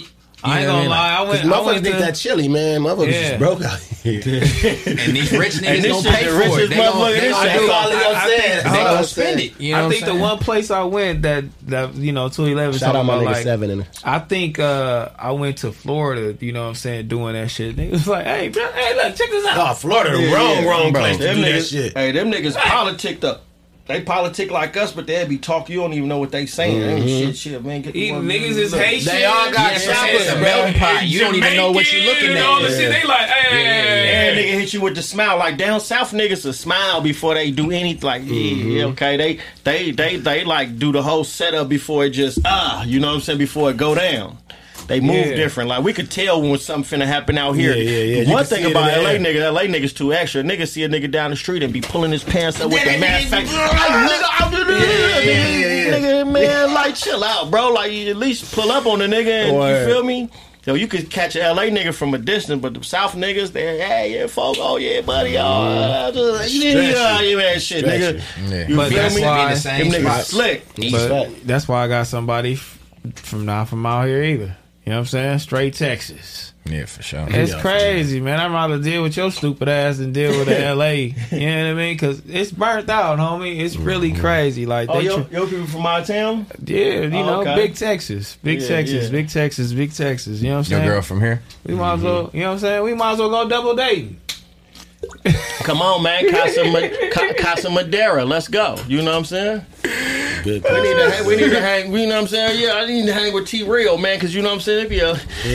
[SPEAKER 5] You
[SPEAKER 1] I ain't
[SPEAKER 5] know what
[SPEAKER 1] gonna
[SPEAKER 5] mean? Like,
[SPEAKER 1] lie. I
[SPEAKER 2] Cause
[SPEAKER 1] went. I
[SPEAKER 2] motherfuckers
[SPEAKER 1] went
[SPEAKER 2] think that
[SPEAKER 1] to.
[SPEAKER 2] chilly, man. Motherfuckers
[SPEAKER 1] Yeah.
[SPEAKER 2] just broke out here.
[SPEAKER 5] And these rich niggas
[SPEAKER 3] this
[SPEAKER 5] don't
[SPEAKER 3] shit
[SPEAKER 5] pay
[SPEAKER 3] the
[SPEAKER 5] for it.
[SPEAKER 3] richest
[SPEAKER 5] They gonna,
[SPEAKER 3] motherfucker
[SPEAKER 5] they
[SPEAKER 3] in
[SPEAKER 5] gonna,
[SPEAKER 3] this
[SPEAKER 5] do
[SPEAKER 3] shit.
[SPEAKER 5] it.
[SPEAKER 2] all
[SPEAKER 1] I- I
[SPEAKER 2] I'm
[SPEAKER 1] think-
[SPEAKER 2] saying.
[SPEAKER 5] They
[SPEAKER 2] That's all
[SPEAKER 5] gonna
[SPEAKER 2] I'm
[SPEAKER 5] spend
[SPEAKER 2] saying.
[SPEAKER 5] it. You know
[SPEAKER 1] I
[SPEAKER 5] what
[SPEAKER 1] think
[SPEAKER 5] I'm
[SPEAKER 1] the
[SPEAKER 5] saying?
[SPEAKER 1] one place I went that that you know two eleven.
[SPEAKER 2] Shout out my nigga
[SPEAKER 1] like,
[SPEAKER 2] Seven in it.
[SPEAKER 1] I think uh, I went to Florida, you know what I'm saying, doing that shit. Niggas was like, hey, bro, hey, look, check this out.
[SPEAKER 2] Oh, Florida, the
[SPEAKER 3] Yeah,
[SPEAKER 2] wrong,
[SPEAKER 3] yeah,
[SPEAKER 2] wrong
[SPEAKER 3] bro.
[SPEAKER 2] place to
[SPEAKER 3] Them
[SPEAKER 2] do that
[SPEAKER 3] niggas-
[SPEAKER 2] shit.
[SPEAKER 3] Hey, them niggas politicked up. They politic like us, but they be talk. You don't even know what they saying. Ain't
[SPEAKER 2] Mm-hmm.
[SPEAKER 3] Shit, shit, man. Get the
[SPEAKER 1] Even
[SPEAKER 3] one-
[SPEAKER 1] niggas is
[SPEAKER 3] Look.
[SPEAKER 1] Haitian.
[SPEAKER 2] They all got
[SPEAKER 1] you know
[SPEAKER 2] choppers,
[SPEAKER 1] what I'm
[SPEAKER 5] It's a
[SPEAKER 1] saying?
[SPEAKER 5] melting pot. You don't even know what you're
[SPEAKER 1] Jamaican
[SPEAKER 5] looking
[SPEAKER 1] and All this
[SPEAKER 5] at.
[SPEAKER 1] shit. They like, hey,
[SPEAKER 3] And nigga hit you with the smile. Like down south niggas a smile before they do anything. Like, yeah,
[SPEAKER 2] Mm-hmm.
[SPEAKER 3] yeah, okay. They they they they like do the whole setup before it just ah, you know what I'm saying, before it go down. They move
[SPEAKER 1] Yeah.
[SPEAKER 3] different. Like we could tell when something finna happen out here.
[SPEAKER 2] Yeah, yeah, yeah. You can
[SPEAKER 3] One
[SPEAKER 2] see
[SPEAKER 3] thing
[SPEAKER 2] it
[SPEAKER 3] about
[SPEAKER 2] in the
[SPEAKER 3] LA
[SPEAKER 2] air.
[SPEAKER 3] nigga, LA niggas too extra. Niggas see a nigga down the street and be pulling his pants up with the mask. Like, nigga,
[SPEAKER 2] yeah, yeah, yeah.
[SPEAKER 3] nigga, man, like chill out, bro. Like you at least pull up on the nigga. And,
[SPEAKER 2] Word.
[SPEAKER 3] you feel me? Yo, you could catch a LA nigga from a distance, but the South niggas, they hey, yeah, folk, oh yeah, buddy, oh, uh, just- you didn't hear all you that shit,
[SPEAKER 2] Stretch
[SPEAKER 3] nigga.
[SPEAKER 5] Yeah.
[SPEAKER 3] You
[SPEAKER 1] But
[SPEAKER 3] feel
[SPEAKER 1] that's
[SPEAKER 3] me?
[SPEAKER 1] why-
[SPEAKER 5] Be
[SPEAKER 3] Them
[SPEAKER 5] in the same
[SPEAKER 3] niggas
[SPEAKER 5] spot.
[SPEAKER 3] slick.
[SPEAKER 1] But that's why I got somebody f- from not from out here either. You know what I'm saying? Straight Texas.
[SPEAKER 5] Yeah, for sure.
[SPEAKER 1] It's crazy, man. I'd rather deal with your stupid ass than deal with the LA. You know what I mean? Because it's burnt out, homie. It's really crazy. Like,
[SPEAKER 3] Oh,
[SPEAKER 1] they
[SPEAKER 3] yo,
[SPEAKER 1] tr-
[SPEAKER 3] yo, people from my town?
[SPEAKER 1] yeah, you
[SPEAKER 3] Oh,
[SPEAKER 1] know,
[SPEAKER 3] okay.
[SPEAKER 1] big Texas, big
[SPEAKER 3] Yeah,
[SPEAKER 1] Texas,
[SPEAKER 3] yeah.
[SPEAKER 1] big Texas, big Texas. You know what I'm
[SPEAKER 5] Your
[SPEAKER 1] saying?
[SPEAKER 5] girl from here?
[SPEAKER 1] We might as well, you know what I'm saying? We might as well go double dating.
[SPEAKER 3] Come on, man, Casa, Ma- Ca- Casa Madera, let's go. You know what I'm saying?
[SPEAKER 2] Good
[SPEAKER 3] We
[SPEAKER 2] question.
[SPEAKER 3] need to hang. We need to hang. You know what I'm saying? Yeah, I need to hang with T Real, man, because you know what I'm saying. If you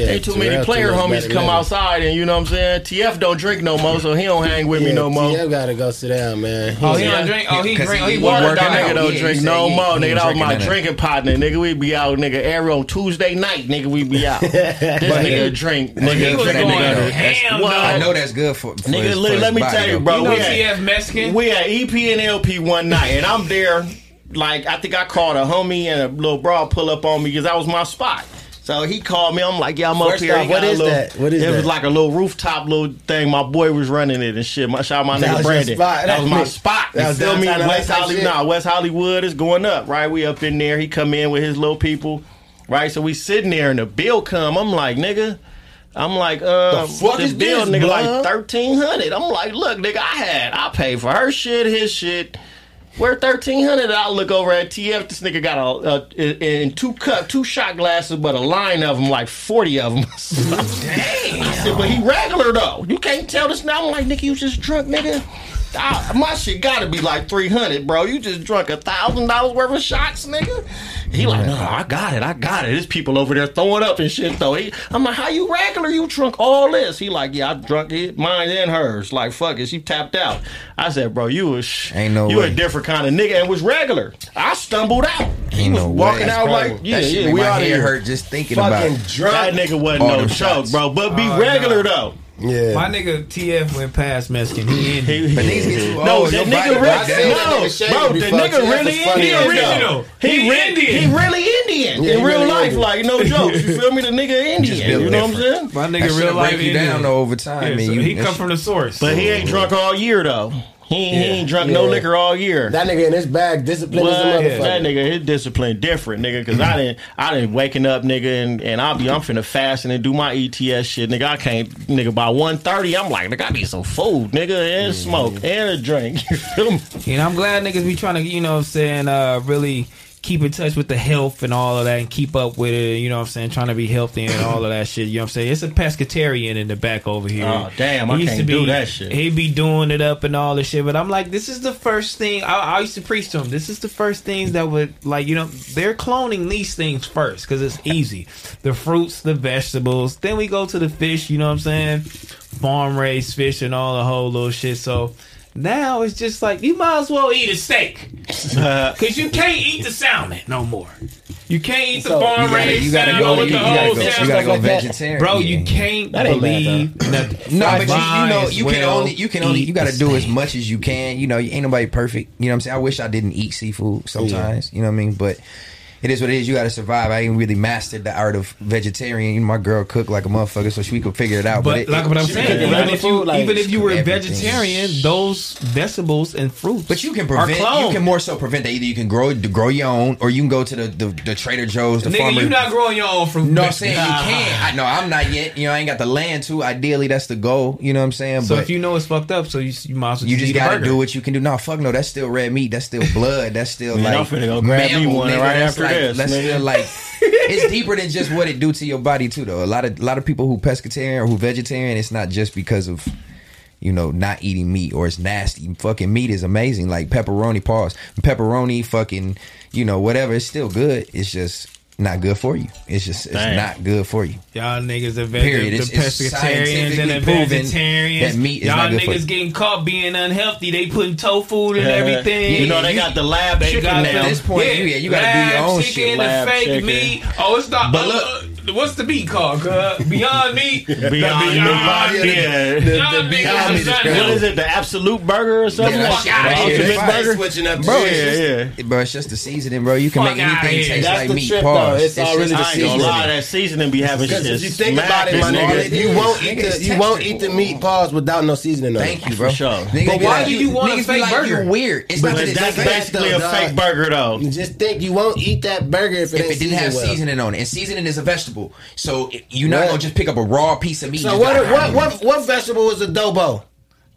[SPEAKER 3] ain't too
[SPEAKER 2] T-Real
[SPEAKER 3] many
[SPEAKER 2] too
[SPEAKER 3] player
[SPEAKER 2] much
[SPEAKER 3] homies
[SPEAKER 2] better
[SPEAKER 3] come
[SPEAKER 2] than-
[SPEAKER 3] outside, and you know what I'm saying. TF don't drink no more, so he don't hang with me
[SPEAKER 2] Yeah,
[SPEAKER 3] no more.
[SPEAKER 2] TF gotta go sit down, man.
[SPEAKER 1] Oh, he
[SPEAKER 2] yeah.
[SPEAKER 1] don't drink. Oh, he
[SPEAKER 5] Because
[SPEAKER 1] drink.
[SPEAKER 5] he-
[SPEAKER 1] oh, he
[SPEAKER 5] he
[SPEAKER 1] working
[SPEAKER 3] Word,
[SPEAKER 5] working
[SPEAKER 1] out.
[SPEAKER 3] that nigga
[SPEAKER 5] out.
[SPEAKER 3] don't
[SPEAKER 5] Yeah,
[SPEAKER 3] drink
[SPEAKER 5] he
[SPEAKER 3] no
[SPEAKER 5] said he-
[SPEAKER 3] more.
[SPEAKER 5] he
[SPEAKER 3] Nigga, that was
[SPEAKER 5] drinking
[SPEAKER 3] my
[SPEAKER 5] none of
[SPEAKER 3] drinking partner. Nigga, we be out, nigga, every on Tuesday night. Nigga, we be out. this nigga drink. Nigga,
[SPEAKER 5] he
[SPEAKER 1] was
[SPEAKER 3] drink,
[SPEAKER 1] going
[SPEAKER 3] nigga.
[SPEAKER 1] ham,
[SPEAKER 3] What?
[SPEAKER 1] though.
[SPEAKER 5] I know that's good for, for
[SPEAKER 3] Nigga,
[SPEAKER 5] his-
[SPEAKER 3] look,
[SPEAKER 5] for his
[SPEAKER 3] let me
[SPEAKER 5] body,
[SPEAKER 3] tell you,
[SPEAKER 5] though.
[SPEAKER 3] bro.
[SPEAKER 1] You know
[SPEAKER 3] we had-
[SPEAKER 1] TF Mexican?
[SPEAKER 3] We had EP and LP one night, and I'm there. Like I think I called a homie and a little broad pull up on me because that was my spot. So he called me. I'm like, yeah, I'm up
[SPEAKER 2] First
[SPEAKER 3] here.
[SPEAKER 2] off,
[SPEAKER 3] He got
[SPEAKER 2] what
[SPEAKER 3] a
[SPEAKER 2] is
[SPEAKER 3] little-
[SPEAKER 2] that? What is
[SPEAKER 3] It was
[SPEAKER 2] that?
[SPEAKER 3] like a little rooftop little thing. My boy was running it and shit. My shout out my
[SPEAKER 2] That
[SPEAKER 3] nigga
[SPEAKER 2] was your
[SPEAKER 3] Brandon.
[SPEAKER 2] spot.
[SPEAKER 3] That was my spot.
[SPEAKER 2] That
[SPEAKER 3] You
[SPEAKER 2] was
[SPEAKER 3] feel me?
[SPEAKER 2] downtown LA
[SPEAKER 3] West
[SPEAKER 2] type
[SPEAKER 3] Hollywood.
[SPEAKER 2] shit.
[SPEAKER 3] Nah, West Hollywood is going up. Right, we up in there. He come in with his little people. Right, so we sitting there and the bill come. I'm like, nigga. I'm like, uh,
[SPEAKER 2] The fuck is
[SPEAKER 3] bill,
[SPEAKER 2] this,
[SPEAKER 3] nigga,
[SPEAKER 2] blood?
[SPEAKER 3] like thirteen hundred. I'm like, look, nigga, I had, I paid for her shit, his shit. Where thirteen hundred? I look over at TF. This nigga got a, a in- in two cup, two shot glasses, but a line of them, like forty of them. I said, but he regular though. You can't tell this now. I'm like, nigga, you just drunk, nigga. I- my shit gotta be like three hundred, bro. You just drunk a thousand dollars worth of shots, nigga. He like, no, I got it, I got it. There's people over there throwing up and shit though. He, I'm like, how you regular? You drunk all this? He like, yeah, I drunk it, mine and hers. Like, fuck it, she tapped out. I said, bro, you was sh-
[SPEAKER 5] Ain't no
[SPEAKER 3] you
[SPEAKER 5] way.
[SPEAKER 3] a different kind of nigga and was regular. I stumbled out. He
[SPEAKER 5] Ain't
[SPEAKER 3] was
[SPEAKER 5] no way.
[SPEAKER 3] walking
[SPEAKER 5] That's
[SPEAKER 3] out
[SPEAKER 5] crazy.
[SPEAKER 3] like, yeah,
[SPEAKER 5] that shit
[SPEAKER 3] yeah,
[SPEAKER 5] make
[SPEAKER 3] we
[SPEAKER 5] my
[SPEAKER 3] out
[SPEAKER 5] head
[SPEAKER 3] here.
[SPEAKER 5] hurt just thinking about
[SPEAKER 2] fucking
[SPEAKER 5] it.
[SPEAKER 2] drunk.
[SPEAKER 3] That nigga wasn't
[SPEAKER 5] All
[SPEAKER 3] no
[SPEAKER 5] them
[SPEAKER 3] joke,
[SPEAKER 5] shots.
[SPEAKER 3] bro. But be
[SPEAKER 1] Oh, no.
[SPEAKER 3] regular though.
[SPEAKER 2] Yeah.
[SPEAKER 1] My nigga TF went past Meskin. He ended.
[SPEAKER 9] But niggas get too
[SPEAKER 3] No,
[SPEAKER 9] old. Your
[SPEAKER 3] that nigga
[SPEAKER 9] body
[SPEAKER 3] really,
[SPEAKER 9] broke down.
[SPEAKER 2] That
[SPEAKER 3] no,
[SPEAKER 2] nigga
[SPEAKER 3] bro,
[SPEAKER 2] shady
[SPEAKER 3] the
[SPEAKER 2] before
[SPEAKER 3] nigga
[SPEAKER 2] TF
[SPEAKER 3] really
[SPEAKER 2] was funny
[SPEAKER 3] Indian.
[SPEAKER 2] as
[SPEAKER 3] though.
[SPEAKER 1] hell.
[SPEAKER 3] He,
[SPEAKER 1] He
[SPEAKER 3] re-
[SPEAKER 1] Indian.
[SPEAKER 3] He really Indian
[SPEAKER 2] Yeah,
[SPEAKER 3] in
[SPEAKER 2] he
[SPEAKER 3] real
[SPEAKER 2] really
[SPEAKER 3] life,
[SPEAKER 2] Indian.
[SPEAKER 3] like no jokes. You feel me? The nigga Indian.
[SPEAKER 4] built
[SPEAKER 3] You know what I'm
[SPEAKER 4] different.
[SPEAKER 3] saying?
[SPEAKER 1] My
[SPEAKER 4] That
[SPEAKER 1] nigga
[SPEAKER 4] shit'll
[SPEAKER 1] real life
[SPEAKER 4] break you
[SPEAKER 1] Indian.
[SPEAKER 4] down though over time.
[SPEAKER 1] Yeah,
[SPEAKER 4] and
[SPEAKER 1] so
[SPEAKER 4] you,
[SPEAKER 1] he
[SPEAKER 4] that
[SPEAKER 1] come
[SPEAKER 4] shit-
[SPEAKER 1] from the source.
[SPEAKER 3] But he ain't drunk all year though. He, ain't- he ain't drunk no
[SPEAKER 2] Yeah.
[SPEAKER 3] liquor all year.
[SPEAKER 2] That nigga in his bag disciplined as a
[SPEAKER 3] What?
[SPEAKER 2] motherfucker.
[SPEAKER 3] That nigga, his discipline different, nigga. Cause I didn't, I didn't waking up, nigga, and, and I'll be, I'm finna fast and do my ETS shit, nigga. I can't, nigga. By 1.30, I'm like, nigga, I need some food, nigga, and smoke and a drink. You feel me?
[SPEAKER 1] And I'm glad niggas be trying to, you know what I'm saying, uh, really keep in touch with the health and all of that and keep up with it, you know what I'm saying, trying to be healthy and all of that shit, you know what I'm saying? It's a pescatarian in the back over here.
[SPEAKER 3] Oh, damn, I
[SPEAKER 1] He used
[SPEAKER 3] can't
[SPEAKER 1] to
[SPEAKER 3] do
[SPEAKER 1] be-
[SPEAKER 3] that shit.
[SPEAKER 1] He be doing it up and all this shit, but I'm like, this is the first thing, I, I used to preach to him, this is the first things that would, like, you know, they're cloning these things first because it's easy. the fruits, the vegetables, then we go to the fish, you know what I'm saying? Farm raised fish and all the whole little shit, so... Now it's just like you might as well eat a steak because you can't eat the salmon no more. You can't eat the
[SPEAKER 2] So,
[SPEAKER 1] farm
[SPEAKER 2] you gotta-
[SPEAKER 1] raised
[SPEAKER 4] you gotta
[SPEAKER 1] salmon
[SPEAKER 4] go.
[SPEAKER 1] with
[SPEAKER 4] You,
[SPEAKER 1] the
[SPEAKER 4] gotta
[SPEAKER 1] whole
[SPEAKER 4] go. You
[SPEAKER 1] salmon.
[SPEAKER 4] gotta go
[SPEAKER 2] like that.
[SPEAKER 4] vegetarian,
[SPEAKER 1] Bro, you can't
[SPEAKER 2] That ain't bad,
[SPEAKER 1] believe nothing.
[SPEAKER 4] No, but you, you
[SPEAKER 1] Might
[SPEAKER 4] know
[SPEAKER 1] as
[SPEAKER 4] you can
[SPEAKER 1] well
[SPEAKER 4] only you can only
[SPEAKER 1] eat
[SPEAKER 4] you got
[SPEAKER 1] the
[SPEAKER 4] to do as
[SPEAKER 1] steak.
[SPEAKER 4] much as you can. You know, you ain't nobody perfect. You know what I'm saying? I wish I didn't eat seafood sometimes. You know what I mean? But it is what it is. You got to survive. I ain't really mastered the art of vegetarian. You know, my girl cooked like a motherfucker, so she could figure it out. But,
[SPEAKER 1] But
[SPEAKER 4] it,
[SPEAKER 1] like what I'm
[SPEAKER 4] it-
[SPEAKER 1] saying,
[SPEAKER 2] regular
[SPEAKER 1] even if you
[SPEAKER 2] food, like,
[SPEAKER 1] even if you were a
[SPEAKER 4] everything.
[SPEAKER 1] vegetarian, those vegetables and fruits.
[SPEAKER 4] But you can
[SPEAKER 1] are
[SPEAKER 4] prevent. You
[SPEAKER 1] cloned.
[SPEAKER 4] can more so prevent that. Either you can grow grow your own, or you can go to the the, the Trader Joe's, the
[SPEAKER 1] Nigga,
[SPEAKER 4] farmer.
[SPEAKER 1] you not growing your own fruit.
[SPEAKER 4] no, I'm
[SPEAKER 1] vegetables.
[SPEAKER 4] saying you can. I know I'm not yet. You know, I ain't got the land to. Ideally, that's the goal. You know what I'm saying?
[SPEAKER 1] So
[SPEAKER 4] but
[SPEAKER 1] if you know it's fucked up, so you, you might as well
[SPEAKER 4] you just
[SPEAKER 1] eat a
[SPEAKER 4] gotta
[SPEAKER 1] burger.
[SPEAKER 4] do what you can do. No, fuck no. That's still red meat. That's still blood. That's still
[SPEAKER 3] Man,
[SPEAKER 4] like
[SPEAKER 3] I'm finna go grab me
[SPEAKER 4] mammal,
[SPEAKER 3] one
[SPEAKER 4] nigga.
[SPEAKER 3] right
[SPEAKER 4] That's
[SPEAKER 3] after
[SPEAKER 4] like,
[SPEAKER 3] this,
[SPEAKER 4] That's
[SPEAKER 3] nigga.
[SPEAKER 4] still like it's deeper than just what it do to your body too, though. A lot of a lot of people who pescatarian or who vegetarian, it's not just because of you know not eating meat or it's nasty. Fucking meat is amazing. Like pepperoni, pause. Pepperoni, fucking you know whatever. It's still good. It's just not good for you. It's just it's
[SPEAKER 3] Damn.
[SPEAKER 4] not good for you.
[SPEAKER 1] Y'all niggas are veg-
[SPEAKER 4] Period. It's-
[SPEAKER 1] the
[SPEAKER 4] it's
[SPEAKER 1] pescatarians and the
[SPEAKER 4] scientifically proven
[SPEAKER 1] vegetarians.
[SPEAKER 4] that meat is
[SPEAKER 1] Y'all
[SPEAKER 4] not good
[SPEAKER 1] niggas
[SPEAKER 4] for you.
[SPEAKER 1] getting caught being unhealthy. They putting tofu in everything.
[SPEAKER 3] you know they got the lab
[SPEAKER 1] They
[SPEAKER 3] chicken
[SPEAKER 1] got
[SPEAKER 3] now.
[SPEAKER 4] At this point, you- yeah, you gotta do your
[SPEAKER 1] lab
[SPEAKER 4] own
[SPEAKER 1] chicken
[SPEAKER 4] shit.
[SPEAKER 1] and
[SPEAKER 3] Lab
[SPEAKER 1] fake
[SPEAKER 3] chicken.
[SPEAKER 1] meat. Oh, it's not.
[SPEAKER 4] But
[SPEAKER 1] uh, uh, what's the meat called? Cuz? Beyond meat. Beyond
[SPEAKER 3] Beyond, meat. Yeah.
[SPEAKER 1] Y'all niggas is
[SPEAKER 2] Meat is
[SPEAKER 3] What is
[SPEAKER 1] unhealthy.
[SPEAKER 3] it? The absolute burger or something?
[SPEAKER 4] Yeah, that
[SPEAKER 3] Fuck
[SPEAKER 4] shit
[SPEAKER 3] outta
[SPEAKER 4] right
[SPEAKER 3] here.
[SPEAKER 4] there.
[SPEAKER 3] Ultimate
[SPEAKER 4] Fire.
[SPEAKER 3] burger.
[SPEAKER 2] switching up.
[SPEAKER 4] Bro, it's
[SPEAKER 3] Yeah,
[SPEAKER 4] just,
[SPEAKER 3] yeah.
[SPEAKER 4] bro, it's just the seasoning, bro. You can
[SPEAKER 1] Fuck
[SPEAKER 4] make
[SPEAKER 1] outta
[SPEAKER 4] anything
[SPEAKER 1] here.
[SPEAKER 4] taste
[SPEAKER 2] That's
[SPEAKER 4] like
[SPEAKER 2] the
[SPEAKER 4] meat.
[SPEAKER 2] trip, though.
[SPEAKER 4] Pause.
[SPEAKER 2] It's all really
[SPEAKER 4] just
[SPEAKER 2] the
[SPEAKER 3] I ain't gonna
[SPEAKER 4] seasoning.
[SPEAKER 3] lie, that seasoning be having shit.
[SPEAKER 2] Because if you think
[SPEAKER 3] smacked
[SPEAKER 2] about it,
[SPEAKER 3] this
[SPEAKER 2] my nigga,
[SPEAKER 3] nigga.
[SPEAKER 2] you won't eat
[SPEAKER 4] Niggas
[SPEAKER 2] the you won't
[SPEAKER 4] texture.
[SPEAKER 2] eat the meat paws without no seasoning on
[SPEAKER 4] Thank
[SPEAKER 2] it.
[SPEAKER 4] you, bro.
[SPEAKER 3] For sure.
[SPEAKER 4] Nigga,
[SPEAKER 2] But
[SPEAKER 4] be
[SPEAKER 2] why
[SPEAKER 4] like,
[SPEAKER 2] do
[SPEAKER 1] you want a
[SPEAKER 4] niggas be
[SPEAKER 1] fake
[SPEAKER 4] like,
[SPEAKER 1] burger?
[SPEAKER 4] You weird. It's
[SPEAKER 2] But
[SPEAKER 4] not that
[SPEAKER 3] But
[SPEAKER 4] it's
[SPEAKER 3] that's
[SPEAKER 2] That's
[SPEAKER 4] fake.
[SPEAKER 3] basically
[SPEAKER 2] though,
[SPEAKER 3] a
[SPEAKER 2] dog.
[SPEAKER 3] fake burger though.
[SPEAKER 2] You just think you won't eat that burger if it
[SPEAKER 4] If
[SPEAKER 2] ain't
[SPEAKER 4] it didn't have
[SPEAKER 2] seasoned well.
[SPEAKER 4] seasoning on it, and seasoning is a vegetable, so you're not
[SPEAKER 2] Right.
[SPEAKER 4] gonna just pick up a raw piece of meat.
[SPEAKER 2] So
[SPEAKER 4] and
[SPEAKER 2] what,
[SPEAKER 4] just be like,
[SPEAKER 2] what what what vegetable is adobo?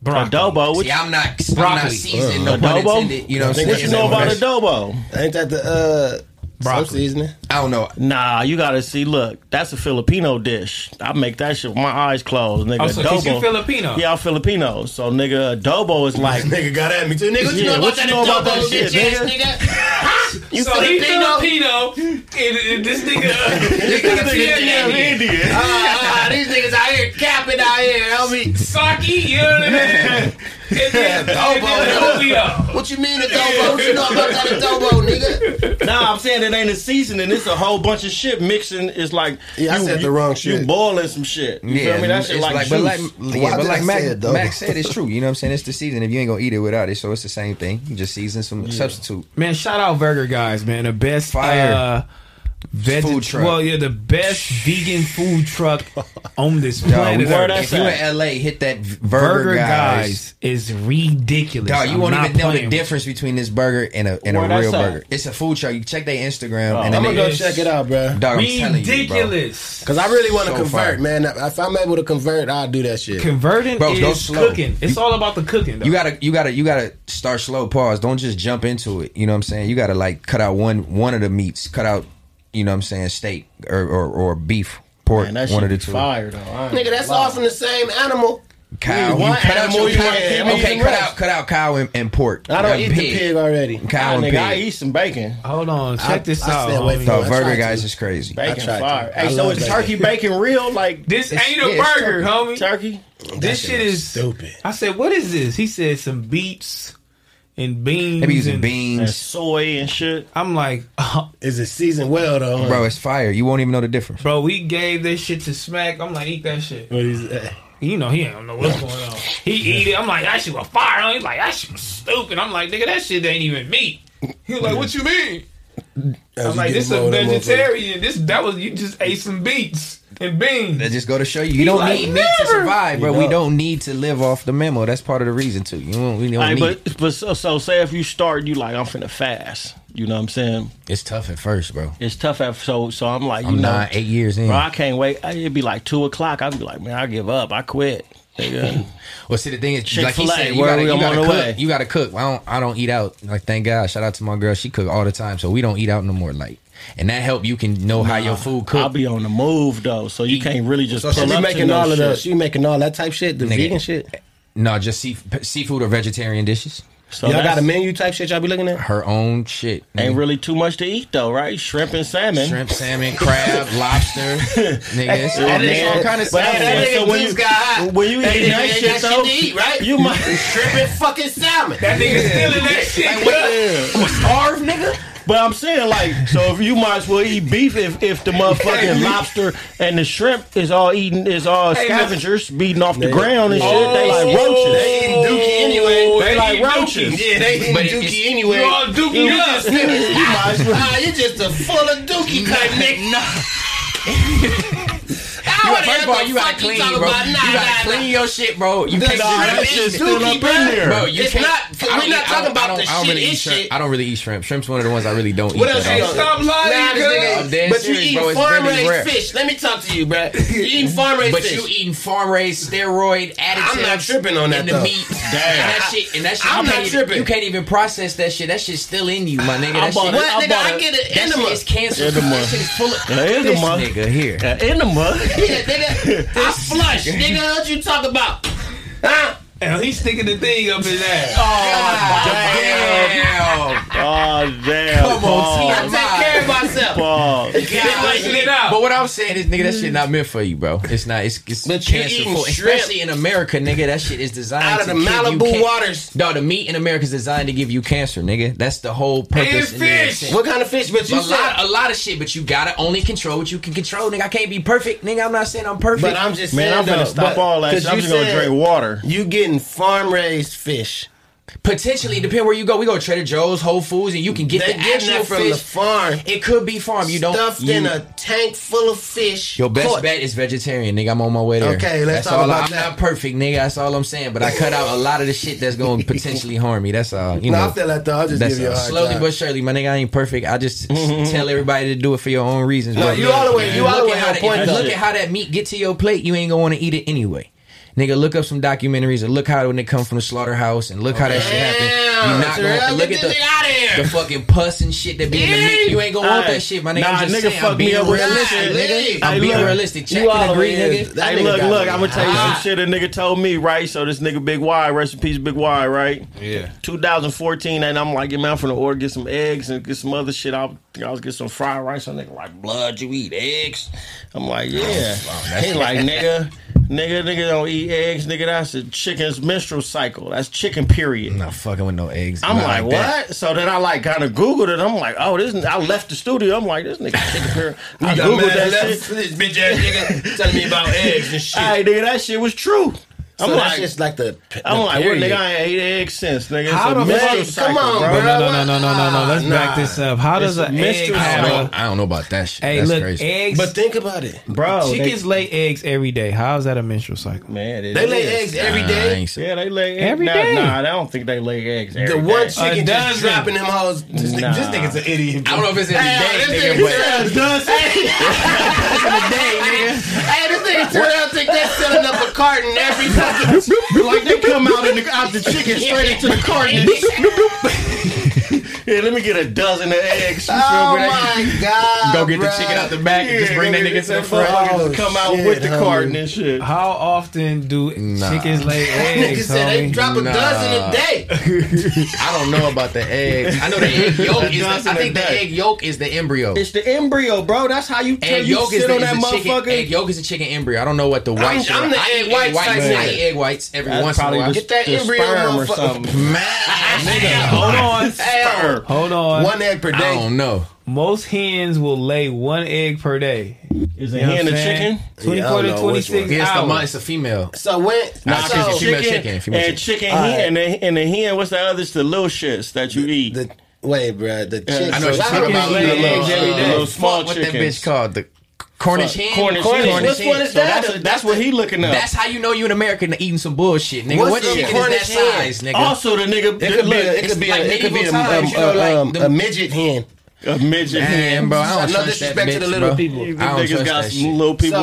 [SPEAKER 3] Adobo. What
[SPEAKER 4] See, I'm not. I'm
[SPEAKER 1] Broccoli.
[SPEAKER 4] not seasoned.
[SPEAKER 3] Uh-huh.
[SPEAKER 4] No pun
[SPEAKER 3] adobo?
[SPEAKER 4] intended. You know what I'm
[SPEAKER 3] What
[SPEAKER 4] saying?
[SPEAKER 3] you know about
[SPEAKER 4] That's-
[SPEAKER 3] adobo?
[SPEAKER 2] Ain't that the uh some
[SPEAKER 1] Broccoli.
[SPEAKER 2] seasoning?
[SPEAKER 4] I don't know.
[SPEAKER 3] Nah, you gotta see. Look, that's a Filipino dish. I make that shit with my eyes closed, nigga.
[SPEAKER 1] Oh, so 'cause you
[SPEAKER 3] Adobo.
[SPEAKER 1] Filipino.
[SPEAKER 3] Yeah, I'm Filipino. So, nigga, adobo is like.
[SPEAKER 2] nigga got at me too. Nigga,
[SPEAKER 3] Yeah, what you know about that shit, nigga?
[SPEAKER 1] You so he Filipino, and, and this nigga, uh, this nigga,
[SPEAKER 3] Yeah,
[SPEAKER 1] Vietnamese.
[SPEAKER 3] Indian.
[SPEAKER 2] Ah, ah, these niggas out here capping out here, homie.
[SPEAKER 1] Saki, you know what I mean? And then, and then Obio.
[SPEAKER 2] What you mean adobo? What you know about that adobo, nigga?
[SPEAKER 3] Nah, I'm saying it ain't a seasoning. It's a whole bunch of shit mixing. It's like
[SPEAKER 2] Yeah, I said the wrong shit.
[SPEAKER 3] You boiling some shit. You
[SPEAKER 4] Yeah,
[SPEAKER 3] feel me? That shit
[SPEAKER 4] it's
[SPEAKER 3] like,
[SPEAKER 4] but
[SPEAKER 3] juice.
[SPEAKER 4] like,
[SPEAKER 2] Why
[SPEAKER 4] yeah, but
[SPEAKER 2] did
[SPEAKER 4] like
[SPEAKER 2] I
[SPEAKER 4] Mac,
[SPEAKER 2] say it, though?
[SPEAKER 4] Mac said, it's true. You know what I'm saying? It's the seasoning. If you ain't gonna eat it without it, so it's the same thing. You just season some substitute.
[SPEAKER 1] Man, shout out Burger Guys, man. The best
[SPEAKER 4] Fire.
[SPEAKER 1] Uh, veg-
[SPEAKER 4] Food truck.
[SPEAKER 1] Well, yeah, the best vegan food truck on this
[SPEAKER 4] Dog, we-
[SPEAKER 1] planet.
[SPEAKER 3] where
[SPEAKER 1] Earth.
[SPEAKER 3] that
[SPEAKER 4] if you
[SPEAKER 3] at?
[SPEAKER 4] in LA, hit that v- burger,
[SPEAKER 1] Burger
[SPEAKER 4] guys.
[SPEAKER 1] Guys is ridiculous.
[SPEAKER 4] Dog, you
[SPEAKER 1] I'm
[SPEAKER 4] won't
[SPEAKER 1] not
[SPEAKER 4] even know the
[SPEAKER 1] playing.
[SPEAKER 4] difference between this burger and a and
[SPEAKER 3] Where
[SPEAKER 4] a
[SPEAKER 3] that's
[SPEAKER 4] real
[SPEAKER 3] at?
[SPEAKER 4] burger. It's a food truck. You check their Instagram
[SPEAKER 3] Oh.
[SPEAKER 4] and
[SPEAKER 2] I'm
[SPEAKER 4] then
[SPEAKER 2] gonna
[SPEAKER 4] they,
[SPEAKER 2] go check it out, bro.
[SPEAKER 4] dog, I'm telling you, bro.
[SPEAKER 1] Ridiculous.
[SPEAKER 2] Cause I really want to
[SPEAKER 4] So fire.
[SPEAKER 2] convert, man. If I'm able to convert, I'll do that shit.
[SPEAKER 1] Converting
[SPEAKER 4] Bro, go
[SPEAKER 1] is
[SPEAKER 4] slow.
[SPEAKER 1] cooking. It's all about the cooking. Though.
[SPEAKER 4] You gotta, you gotta, you gotta start slow. Pause. Don't just jump into it. You know what I'm saying? You gotta like cut out one one of the meats. Cut out, you know what I'm saying, steak or or, or beef, pork,
[SPEAKER 3] Man, that shit
[SPEAKER 4] one of the
[SPEAKER 3] be
[SPEAKER 4] two.
[SPEAKER 3] fire though. I ain't
[SPEAKER 2] Nigga, that's all from the same animal.
[SPEAKER 4] Cow,
[SPEAKER 3] One
[SPEAKER 4] you cut out
[SPEAKER 3] animal
[SPEAKER 4] your
[SPEAKER 3] you
[SPEAKER 4] cow.
[SPEAKER 3] wanna keep me
[SPEAKER 4] Okay,
[SPEAKER 3] eating
[SPEAKER 4] cut
[SPEAKER 3] rest.
[SPEAKER 4] out, cut out cow and, and pork.
[SPEAKER 2] I don't
[SPEAKER 4] Uh,
[SPEAKER 2] eat the pig already.
[SPEAKER 4] Cow
[SPEAKER 3] Nah,
[SPEAKER 4] and
[SPEAKER 3] nigga,
[SPEAKER 4] pig.
[SPEAKER 3] I eat some bacon.
[SPEAKER 1] Hold on, check this
[SPEAKER 2] I
[SPEAKER 1] out.
[SPEAKER 2] stay away
[SPEAKER 1] homie.
[SPEAKER 2] from
[SPEAKER 4] Dog,
[SPEAKER 2] I
[SPEAKER 4] burger
[SPEAKER 2] tried
[SPEAKER 4] guys
[SPEAKER 2] to.
[SPEAKER 4] is crazy.
[SPEAKER 3] Bacon
[SPEAKER 2] tried to.
[SPEAKER 3] fire.
[SPEAKER 2] I
[SPEAKER 3] Hey, so
[SPEAKER 2] love
[SPEAKER 3] is
[SPEAKER 2] bacon.
[SPEAKER 3] turkey bacon real? Like
[SPEAKER 1] This ain't
[SPEAKER 4] yeah,
[SPEAKER 1] a
[SPEAKER 4] it's
[SPEAKER 1] burger, homie.
[SPEAKER 3] turkey?
[SPEAKER 1] This shit is
[SPEAKER 2] stupid.
[SPEAKER 1] I said, "What is this?" He said, "Some beets and beans."
[SPEAKER 4] They be using
[SPEAKER 1] and-
[SPEAKER 3] And
[SPEAKER 4] beans,
[SPEAKER 3] soy and shit.
[SPEAKER 1] I'm like, "Uh,
[SPEAKER 2] Is it seasoned well though? huh?
[SPEAKER 4] bro. It's fire. You won't even know the difference.
[SPEAKER 1] bro, we gave this shit to Smack. I'm like, eat that shit.
[SPEAKER 2] What is that?
[SPEAKER 1] You know, he don't know what's going on. He eat it. I'm like, that shit was fire. huh? He's like, that shit was stupid. I'm like, nigga, that shit ain't even meat. He was like, what you mean? I'm like, this a vegetarian. This that was you just ate some beets and beans.
[SPEAKER 4] That just go to show you, you don't
[SPEAKER 1] like,
[SPEAKER 4] need meat to
[SPEAKER 1] never.
[SPEAKER 4] survive, bro.
[SPEAKER 3] You
[SPEAKER 4] We
[SPEAKER 3] know.
[SPEAKER 4] don't need to live off the memo. That's part of the reason too. You don't, we don't
[SPEAKER 3] Like,
[SPEAKER 4] need.
[SPEAKER 3] but but so, so say if you start, you like I'm finna fast. You know what I'm saying?
[SPEAKER 4] it's tough at first, bro.
[SPEAKER 3] It's tough at so so I'm like you
[SPEAKER 4] I'm
[SPEAKER 3] know
[SPEAKER 4] nine, eight years in.
[SPEAKER 3] Bro, I can't wait. I- It'd be like two o'clock. I'd be like, man, I give up. I quit. Nigga.
[SPEAKER 4] Well, see, the thing is,
[SPEAKER 3] Chick
[SPEAKER 4] like he
[SPEAKER 3] Fil
[SPEAKER 4] said,
[SPEAKER 3] A,
[SPEAKER 4] you
[SPEAKER 3] where
[SPEAKER 4] gotta,
[SPEAKER 3] we
[SPEAKER 4] you
[SPEAKER 3] on
[SPEAKER 4] gotta
[SPEAKER 3] the
[SPEAKER 4] cook.
[SPEAKER 3] way?
[SPEAKER 4] You gotta cook. I don't, I don't eat out. Like, thank God. Shout out to my girl. She cook all the time, so we don't eat out no more. Like, and that help you can know how your food cook.
[SPEAKER 3] I'll be on the move though, so you can't really just.
[SPEAKER 2] So
[SPEAKER 3] pull
[SPEAKER 2] she
[SPEAKER 3] up to
[SPEAKER 2] making
[SPEAKER 3] no
[SPEAKER 2] all of the
[SPEAKER 3] shit.
[SPEAKER 2] she making all that type shit, the
[SPEAKER 4] Nigga.
[SPEAKER 2] vegan shit.
[SPEAKER 4] No, just sea, seafood or vegetarian dishes.
[SPEAKER 3] So
[SPEAKER 2] y'all got
[SPEAKER 3] that's-
[SPEAKER 2] a menu type shit y'all be looking at?
[SPEAKER 4] Her own shit.
[SPEAKER 3] Ain't
[SPEAKER 4] nigga.
[SPEAKER 3] really too much to eat though, right? Shrimp and salmon.
[SPEAKER 4] Shrimp, salmon, crab, lobster, nigga. It's all,
[SPEAKER 3] Yeah,
[SPEAKER 4] it's all
[SPEAKER 3] man.
[SPEAKER 4] kind of
[SPEAKER 3] But
[SPEAKER 4] stuff.
[SPEAKER 3] that nigga
[SPEAKER 4] when
[SPEAKER 3] Blue's
[SPEAKER 4] you-
[SPEAKER 3] When you eat that shit though,
[SPEAKER 2] eat, right?
[SPEAKER 3] you might.
[SPEAKER 2] Shrimp and fucking salmon.
[SPEAKER 1] That nigga stealing that shit. cuz.
[SPEAKER 3] starve, nigga. But I'm saying, like, so if you might as well eat beef if, if the motherfucking lobster and the shrimp is all eating is all
[SPEAKER 1] Hey, man.
[SPEAKER 3] scavengers beating off the ground and shit. they like roaches.
[SPEAKER 2] Oh. They eat dookie anyway.
[SPEAKER 3] They like
[SPEAKER 1] eat dookie.
[SPEAKER 3] roaches.
[SPEAKER 2] Yeah, they eat
[SPEAKER 4] But it's-
[SPEAKER 2] dookie
[SPEAKER 1] You
[SPEAKER 2] anyway.
[SPEAKER 1] all dookie up.
[SPEAKER 3] you might as well.
[SPEAKER 2] Ah, you just a full of dookie type nigga. No.
[SPEAKER 4] First of all, you gotta clean, bro. You gotta clean your shit, bro. You can't
[SPEAKER 3] Nah, that
[SPEAKER 4] just-
[SPEAKER 3] shit's still up in there.
[SPEAKER 4] Bro, you
[SPEAKER 2] It's
[SPEAKER 4] can't,
[SPEAKER 2] not-
[SPEAKER 4] I don't
[SPEAKER 2] we're not
[SPEAKER 4] eat- I
[SPEAKER 2] talking
[SPEAKER 4] don't-
[SPEAKER 2] about
[SPEAKER 4] I don't-
[SPEAKER 2] the
[SPEAKER 4] I don't
[SPEAKER 2] shit,
[SPEAKER 4] really eat
[SPEAKER 2] it's
[SPEAKER 4] shrimp.
[SPEAKER 2] shit.
[SPEAKER 4] I don't really eat shrimp. Shrimp's one of the ones I really don't eat.
[SPEAKER 2] What
[SPEAKER 4] that
[SPEAKER 2] else
[SPEAKER 4] often.
[SPEAKER 2] you gonna-
[SPEAKER 1] Stop lying,
[SPEAKER 2] Nah, this
[SPEAKER 1] cuz.
[SPEAKER 2] nigga-
[SPEAKER 4] dead
[SPEAKER 2] but
[SPEAKER 4] serious,
[SPEAKER 2] you eating
[SPEAKER 4] bro. It's
[SPEAKER 2] farm
[SPEAKER 4] really
[SPEAKER 2] raised
[SPEAKER 4] rare.
[SPEAKER 2] fish. Let me talk to you, bro. You eating farm raised
[SPEAKER 4] But
[SPEAKER 2] fish.
[SPEAKER 4] you eating farm raised steroid additives.
[SPEAKER 2] I'm not tripping on that,
[SPEAKER 4] in the
[SPEAKER 2] though.
[SPEAKER 4] meat. And that shit. And that shit.
[SPEAKER 2] I'm
[SPEAKER 4] you
[SPEAKER 2] not
[SPEAKER 4] can't even-
[SPEAKER 2] tripping.
[SPEAKER 4] You can't even process that shit. That shit's still in you, my nigga.
[SPEAKER 3] I
[SPEAKER 4] That
[SPEAKER 3] bought
[SPEAKER 4] shit.
[SPEAKER 3] it. I
[SPEAKER 2] what, nigga?
[SPEAKER 3] bought
[SPEAKER 2] I
[SPEAKER 3] it.
[SPEAKER 2] get an
[SPEAKER 4] That
[SPEAKER 2] enema.
[SPEAKER 4] shit is cancer.
[SPEAKER 3] Enema.
[SPEAKER 4] That shit is full of.
[SPEAKER 3] That
[SPEAKER 4] this
[SPEAKER 3] enema.
[SPEAKER 4] nigga here.
[SPEAKER 3] That enema.
[SPEAKER 2] Yeah, nigga. I flush, nigga. What you talk about? Huh?
[SPEAKER 1] And he's sticking the thing up his ass.
[SPEAKER 2] Oh,
[SPEAKER 4] Damn.
[SPEAKER 3] Oh damn.
[SPEAKER 4] Come on,
[SPEAKER 2] I
[SPEAKER 4] T.
[SPEAKER 2] take care of myself.
[SPEAKER 3] Pause.
[SPEAKER 1] Flushing it out.
[SPEAKER 4] But what I'm saying is, nigga, that shit not meant for you, bro. It's not. It's, it's
[SPEAKER 2] But you eating
[SPEAKER 4] cancerful,
[SPEAKER 2] shrimp.
[SPEAKER 4] especially in America, nigga. That shit is designed
[SPEAKER 2] Out of
[SPEAKER 4] to
[SPEAKER 2] the
[SPEAKER 4] give you
[SPEAKER 2] Malibu
[SPEAKER 4] can-
[SPEAKER 2] waters.
[SPEAKER 4] No, the meat in America is designed to give you cancer, nigga. That's the whole purpose.
[SPEAKER 1] And
[SPEAKER 4] in there.
[SPEAKER 1] fish.
[SPEAKER 2] What kind of fish? But you
[SPEAKER 4] a lot,
[SPEAKER 2] said.
[SPEAKER 4] a lot of shit, but you gotta only control what you can control, nigga. I can't be perfect, nigga. I'm not saying I'm perfect.
[SPEAKER 2] But I'm just
[SPEAKER 3] Man,
[SPEAKER 2] saying,
[SPEAKER 3] I'm gonna
[SPEAKER 2] though,
[SPEAKER 3] stop
[SPEAKER 2] but-
[SPEAKER 3] all that.
[SPEAKER 2] 'cause
[SPEAKER 3] shit. I'm
[SPEAKER 2] you
[SPEAKER 3] just gonna
[SPEAKER 2] said
[SPEAKER 3] drink water.
[SPEAKER 2] You getting farm raised fish?
[SPEAKER 4] potentially, depend where you go. We go to Trader Joe's, Whole Foods, and you can get
[SPEAKER 2] They
[SPEAKER 4] the
[SPEAKER 2] getting
[SPEAKER 4] actual
[SPEAKER 2] it from
[SPEAKER 4] fish.
[SPEAKER 2] the farm.
[SPEAKER 4] it could be farm. You don't.
[SPEAKER 2] stuffed
[SPEAKER 4] you-
[SPEAKER 2] in a tank full of fish.
[SPEAKER 4] Your best
[SPEAKER 2] Caught.
[SPEAKER 4] bet is vegetarian, nigga. I'm on my way there.
[SPEAKER 2] Okay, let's
[SPEAKER 4] that's
[SPEAKER 2] talk
[SPEAKER 4] all.
[SPEAKER 2] about
[SPEAKER 4] I'm
[SPEAKER 2] that.
[SPEAKER 4] not perfect, nigga. That's all I'm saying. But I cut out a lot of the shit that's going to potentially harm me. That's all. You
[SPEAKER 2] No,
[SPEAKER 4] know,
[SPEAKER 2] I feel that though. I'll just
[SPEAKER 4] that's
[SPEAKER 2] give you a
[SPEAKER 4] all.
[SPEAKER 2] hard
[SPEAKER 4] slowly
[SPEAKER 2] time.
[SPEAKER 4] but surely, my nigga. I ain't perfect. I just tell everybody to do it for your own reasons.
[SPEAKER 2] No,
[SPEAKER 4] bro.
[SPEAKER 2] you all the way- you all the way
[SPEAKER 4] Look at how
[SPEAKER 2] on point,
[SPEAKER 4] If you
[SPEAKER 2] though.
[SPEAKER 4] look at how that meat get to your plate, you ain't gonna want to eat it anyway. Nigga, look up some documentaries and look how when it come from the slaughterhouse and look how that shit happened.
[SPEAKER 2] Damn,
[SPEAKER 4] You're not gonna
[SPEAKER 2] Terrell,
[SPEAKER 4] look
[SPEAKER 2] get
[SPEAKER 4] at the,
[SPEAKER 2] this nigga outta here.
[SPEAKER 4] the fucking pus and shit that be in the meat. You ain't gonna want
[SPEAKER 3] Hey,
[SPEAKER 4] that shit, my nigga.
[SPEAKER 3] nah,
[SPEAKER 4] I'm just
[SPEAKER 3] nigga
[SPEAKER 4] saying,
[SPEAKER 3] fucked
[SPEAKER 4] I'm
[SPEAKER 3] me
[SPEAKER 4] being
[SPEAKER 3] up with that
[SPEAKER 4] realistic,
[SPEAKER 2] shit.
[SPEAKER 4] nigga.
[SPEAKER 2] Hey,
[SPEAKER 4] I'm being
[SPEAKER 3] look,
[SPEAKER 4] realistic. Check
[SPEAKER 2] you all
[SPEAKER 4] and
[SPEAKER 2] the
[SPEAKER 4] agree,
[SPEAKER 2] way in.
[SPEAKER 4] nigga. Ah.
[SPEAKER 2] That
[SPEAKER 3] hey,
[SPEAKER 2] nigga
[SPEAKER 3] look,
[SPEAKER 2] got
[SPEAKER 3] look,
[SPEAKER 2] me
[SPEAKER 3] I'm gonna tell you some
[SPEAKER 2] hot.
[SPEAKER 3] shit a nigga told me, right? So this nigga Big Y, rest in peace, Big Y, right?
[SPEAKER 1] Yeah.
[SPEAKER 3] 2014, and I'm like, yeah, man, I'm finna order, get some eggs and get some other shit. I think I was get some fried rice. I'm nigga like, blood, you eat eggs? I'm like,
[SPEAKER 4] Oh,
[SPEAKER 3] yeah. He like, nigga, nigga, nigga don't eat eggs, nigga. That's a chicken's menstrual cycle. That's chicken period.
[SPEAKER 4] not fucking with no eggs.
[SPEAKER 3] I'm
[SPEAKER 4] Not
[SPEAKER 3] like,
[SPEAKER 4] that.
[SPEAKER 3] what? So then I like kind of Googled it. I'm like, oh, this. I left the studio. I'm like, this nigga chicken period. I
[SPEAKER 2] Got
[SPEAKER 3] Googled
[SPEAKER 2] mad
[SPEAKER 3] that
[SPEAKER 2] left
[SPEAKER 3] shit.
[SPEAKER 2] for This bitch ass nigga telling me about eggs and shit.
[SPEAKER 3] Hey, nigga, that shit was true. I'm
[SPEAKER 2] so that's
[SPEAKER 3] like,
[SPEAKER 2] just like the. the
[SPEAKER 3] I'm like, well,
[SPEAKER 2] period.
[SPEAKER 3] nigga, I ain't ate eggs since, nigga. It's
[SPEAKER 1] How
[SPEAKER 3] a
[SPEAKER 1] the fuck-
[SPEAKER 3] menstrual
[SPEAKER 2] Come
[SPEAKER 3] cycle,
[SPEAKER 2] on,
[SPEAKER 3] bro.
[SPEAKER 2] bro.
[SPEAKER 1] No, no, no, no, no, no, no. Let's back this up. How does
[SPEAKER 3] It's
[SPEAKER 1] an egg
[SPEAKER 3] mystery.
[SPEAKER 1] have
[SPEAKER 4] I
[SPEAKER 1] a?
[SPEAKER 4] don't, I don't know about that shit.
[SPEAKER 1] Hey,
[SPEAKER 4] That's
[SPEAKER 1] look,
[SPEAKER 4] crazy.
[SPEAKER 1] eggs.
[SPEAKER 2] But think about it.
[SPEAKER 3] bro. they-
[SPEAKER 1] chickens lay eggs every day. How is that a menstrual cycle?
[SPEAKER 3] man, it
[SPEAKER 2] They lay eggs
[SPEAKER 3] is.
[SPEAKER 2] every
[SPEAKER 4] Nah,
[SPEAKER 2] day.
[SPEAKER 4] I ain't so-
[SPEAKER 3] Yeah, they lay eggs
[SPEAKER 1] Every
[SPEAKER 3] nah,
[SPEAKER 1] day.
[SPEAKER 3] Nah, I don't think they lay eggs.
[SPEAKER 2] The
[SPEAKER 3] every
[SPEAKER 2] one
[SPEAKER 3] day.
[SPEAKER 2] chicken
[SPEAKER 1] A
[SPEAKER 2] just
[SPEAKER 1] dozen.
[SPEAKER 2] dropping them hoes. This, nigga-
[SPEAKER 3] Nah.
[SPEAKER 2] this nigga's an idiot.
[SPEAKER 4] I don't know if it's every
[SPEAKER 2] Hey, this
[SPEAKER 4] day, nigga, but-
[SPEAKER 2] nigga Terrell does. Hey, this nigga Terrell think they're selling up a carton every fucking
[SPEAKER 3] like they come out in the, out the chicken straight into the carton. yeah, let me get a dozen of eggs. You
[SPEAKER 2] Oh
[SPEAKER 3] feel me?
[SPEAKER 2] my god!
[SPEAKER 4] Go get the chicken out the back and just
[SPEAKER 3] Yeah,
[SPEAKER 4] bring that
[SPEAKER 3] nigga,
[SPEAKER 4] nigga to the
[SPEAKER 3] that
[SPEAKER 4] front.
[SPEAKER 3] motherfucker just
[SPEAKER 2] Oh,
[SPEAKER 3] come out
[SPEAKER 2] shit,
[SPEAKER 3] with the
[SPEAKER 2] homie.
[SPEAKER 3] carton and shit.
[SPEAKER 1] How often do chickens lay
[SPEAKER 2] Nigga
[SPEAKER 1] eggs?
[SPEAKER 2] said they
[SPEAKER 1] homie?
[SPEAKER 2] drop a
[SPEAKER 4] Nah.
[SPEAKER 2] dozen a day.
[SPEAKER 4] I don't know about the egg. I know the egg yolk is.
[SPEAKER 3] does
[SPEAKER 4] The, I
[SPEAKER 3] in a
[SPEAKER 4] think the
[SPEAKER 3] day.
[SPEAKER 4] egg yolk is the embryo.
[SPEAKER 3] It's the embryo, bro. That's how you
[SPEAKER 4] Egg
[SPEAKER 3] turn you
[SPEAKER 4] yolk is
[SPEAKER 3] sit
[SPEAKER 4] the,
[SPEAKER 3] on
[SPEAKER 4] is
[SPEAKER 3] that
[SPEAKER 4] the chicken. Egg
[SPEAKER 3] motherfucker.
[SPEAKER 4] yolk is a chicken embryo. I don't know what the white. shit-
[SPEAKER 2] I'm the
[SPEAKER 4] I
[SPEAKER 2] egg
[SPEAKER 4] eat
[SPEAKER 2] white type
[SPEAKER 4] whites. I
[SPEAKER 2] nigga.
[SPEAKER 4] eat egg whites every once in a while.
[SPEAKER 2] Get that embryo
[SPEAKER 3] sperm or
[SPEAKER 2] motherfucker.
[SPEAKER 3] something.
[SPEAKER 1] Hold on.
[SPEAKER 2] Hell,
[SPEAKER 1] Hold on.
[SPEAKER 2] one egg per
[SPEAKER 4] I
[SPEAKER 2] day.
[SPEAKER 4] don't know.
[SPEAKER 1] Most hens will lay one egg per day.
[SPEAKER 3] Is
[SPEAKER 2] You
[SPEAKER 3] a
[SPEAKER 2] know
[SPEAKER 3] hen
[SPEAKER 2] what I'm
[SPEAKER 3] a
[SPEAKER 2] saying?
[SPEAKER 3] chicken?
[SPEAKER 2] Yeah, I don't know which one.
[SPEAKER 4] Yes, the mon- it's a female.
[SPEAKER 2] So when
[SPEAKER 3] Nah,
[SPEAKER 2] so,
[SPEAKER 3] so chicken, and chicken
[SPEAKER 2] All right.
[SPEAKER 3] hen, and the, and the hen. What's the others? The little shits that you eat.
[SPEAKER 2] wait, bro. The chicken. so
[SPEAKER 3] I know what you're
[SPEAKER 2] chicken
[SPEAKER 3] talking about.
[SPEAKER 2] lay
[SPEAKER 3] The little,
[SPEAKER 2] eggs every
[SPEAKER 3] uh,
[SPEAKER 2] day.
[SPEAKER 3] the little small
[SPEAKER 2] Fuck, what
[SPEAKER 3] chicken.
[SPEAKER 2] that
[SPEAKER 4] bitch called the Cornish hen.
[SPEAKER 3] Cornish, hen.
[SPEAKER 4] Cornish
[SPEAKER 3] Which one is
[SPEAKER 4] So
[SPEAKER 3] that?
[SPEAKER 4] that's,
[SPEAKER 3] that's, what he looking up.
[SPEAKER 4] that's how you know you an American eating some bullshit, nigga.
[SPEAKER 3] What's
[SPEAKER 4] what
[SPEAKER 3] the
[SPEAKER 4] chicken
[SPEAKER 3] Cornish
[SPEAKER 4] is that
[SPEAKER 3] hen?
[SPEAKER 4] size, nigga?
[SPEAKER 3] Also, the nigga-
[SPEAKER 2] It could be a, it could be a, it could be a, um, uh, um, a midget hen.
[SPEAKER 3] A midget
[SPEAKER 2] Man,
[SPEAKER 3] hen.
[SPEAKER 2] bro, I don't
[SPEAKER 3] No
[SPEAKER 2] trust
[SPEAKER 3] disrespect
[SPEAKER 2] that
[SPEAKER 3] to the
[SPEAKER 2] bitch,
[SPEAKER 3] little
[SPEAKER 2] bro.
[SPEAKER 3] people.
[SPEAKER 2] You
[SPEAKER 3] I don't
[SPEAKER 2] niggas
[SPEAKER 3] trust
[SPEAKER 2] got
[SPEAKER 3] that
[SPEAKER 2] some
[SPEAKER 3] shit.
[SPEAKER 2] little people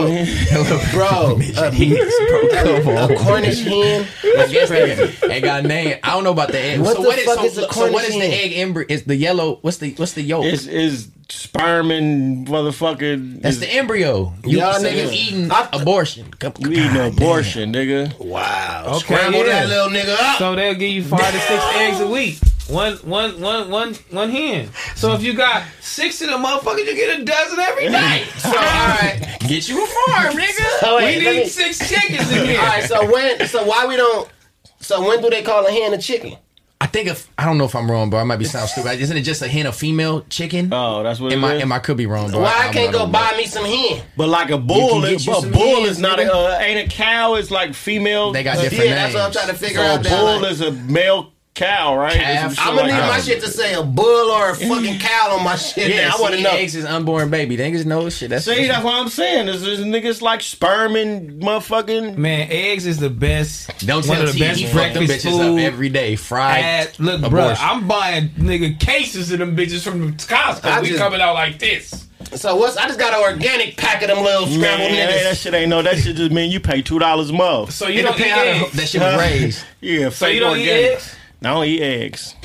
[SPEAKER 3] So-
[SPEAKER 2] bro, a, a, a Cornish hen.
[SPEAKER 4] That's crazy. Ain't got a name. I don't know about the egg.
[SPEAKER 2] What
[SPEAKER 4] so
[SPEAKER 2] the
[SPEAKER 4] what is
[SPEAKER 2] fuck
[SPEAKER 4] so,
[SPEAKER 2] is a
[SPEAKER 4] so what
[SPEAKER 2] Cornish
[SPEAKER 4] is the
[SPEAKER 2] hen?
[SPEAKER 4] egg embryo? Is the yellow? What's the what's the yolk?
[SPEAKER 3] Is is sperm and motherfucking.
[SPEAKER 4] That's
[SPEAKER 3] is-
[SPEAKER 4] the embryo. You,
[SPEAKER 3] Y'all
[SPEAKER 4] so you
[SPEAKER 3] niggas-
[SPEAKER 4] eating abortion? Come,
[SPEAKER 3] You eating an abortion, nigga. Wow.
[SPEAKER 1] yeah. So they'll give you five to six eggs a week. One, one, one, one, one hen. So if you got six of them motherfuckers, you get a dozen every night. So all right,
[SPEAKER 4] get you a farm, nigga.
[SPEAKER 2] So wait,
[SPEAKER 1] we
[SPEAKER 2] let
[SPEAKER 1] need
[SPEAKER 2] me-
[SPEAKER 1] six chickens in here.
[SPEAKER 2] All right, so when, so why we don't? So when do they call a hen a chicken?
[SPEAKER 4] I think if I don't know if I'm wrong, bro. I might be sound stupid. Isn't it just a hen of female chicken?
[SPEAKER 1] Uh,
[SPEAKER 3] Oh, that's what
[SPEAKER 4] am
[SPEAKER 3] it
[SPEAKER 4] I,
[SPEAKER 3] is?
[SPEAKER 4] Am I could be wrong, bro.
[SPEAKER 2] Why
[SPEAKER 4] I,
[SPEAKER 2] I
[SPEAKER 4] I'm
[SPEAKER 2] can't
[SPEAKER 4] not
[SPEAKER 2] go
[SPEAKER 4] on
[SPEAKER 2] buy me some hen?
[SPEAKER 3] But like a
[SPEAKER 2] You
[SPEAKER 3] bull,
[SPEAKER 2] can get
[SPEAKER 3] is,
[SPEAKER 2] you
[SPEAKER 3] but
[SPEAKER 2] some
[SPEAKER 3] bull
[SPEAKER 2] hens,
[SPEAKER 3] is not a uh, ain't a cow. Is like female.
[SPEAKER 4] They got different
[SPEAKER 2] Yeah, that's what I'm trying to figure
[SPEAKER 3] so
[SPEAKER 2] out,
[SPEAKER 3] A
[SPEAKER 2] that,
[SPEAKER 3] bull
[SPEAKER 2] like-
[SPEAKER 3] is a male cow, right? Or some shit
[SPEAKER 2] I'm gonna
[SPEAKER 3] like
[SPEAKER 2] need
[SPEAKER 3] that.
[SPEAKER 2] my shit to say a bull or a fucking cow on my shit.
[SPEAKER 4] Yeah,
[SPEAKER 2] now. I want to
[SPEAKER 4] see,
[SPEAKER 2] know.
[SPEAKER 4] Eggs is unborn baby. Niggas know shit. That's
[SPEAKER 3] See, that's what I'm saying. Is there's niggas like sperm and motherfucking
[SPEAKER 1] Man, eggs is the best.
[SPEAKER 4] Don't
[SPEAKER 1] one
[SPEAKER 4] tell
[SPEAKER 1] of the
[SPEAKER 4] T,
[SPEAKER 1] best
[SPEAKER 4] he fucked them
[SPEAKER 1] breakfast
[SPEAKER 4] bitches
[SPEAKER 1] food.
[SPEAKER 4] up every day. Fried.
[SPEAKER 1] Ass- look,
[SPEAKER 4] abortion.
[SPEAKER 1] bro, I'm buying nigga cases of them bitches from Costco.
[SPEAKER 2] I
[SPEAKER 1] we
[SPEAKER 2] just-
[SPEAKER 1] coming out like this.
[SPEAKER 2] So what's? I just got an organic pack of them little scrambled
[SPEAKER 3] Man, hey, that
[SPEAKER 2] niggas.
[SPEAKER 3] shit ain't no. That shit just mean you pay two dollars a month.
[SPEAKER 1] So you don't eat eggs.
[SPEAKER 4] that shit was raised.
[SPEAKER 3] Yeah.
[SPEAKER 1] So
[SPEAKER 3] fake
[SPEAKER 1] you don't eat
[SPEAKER 3] organic.
[SPEAKER 1] eggs?
[SPEAKER 3] I don't eat eggs.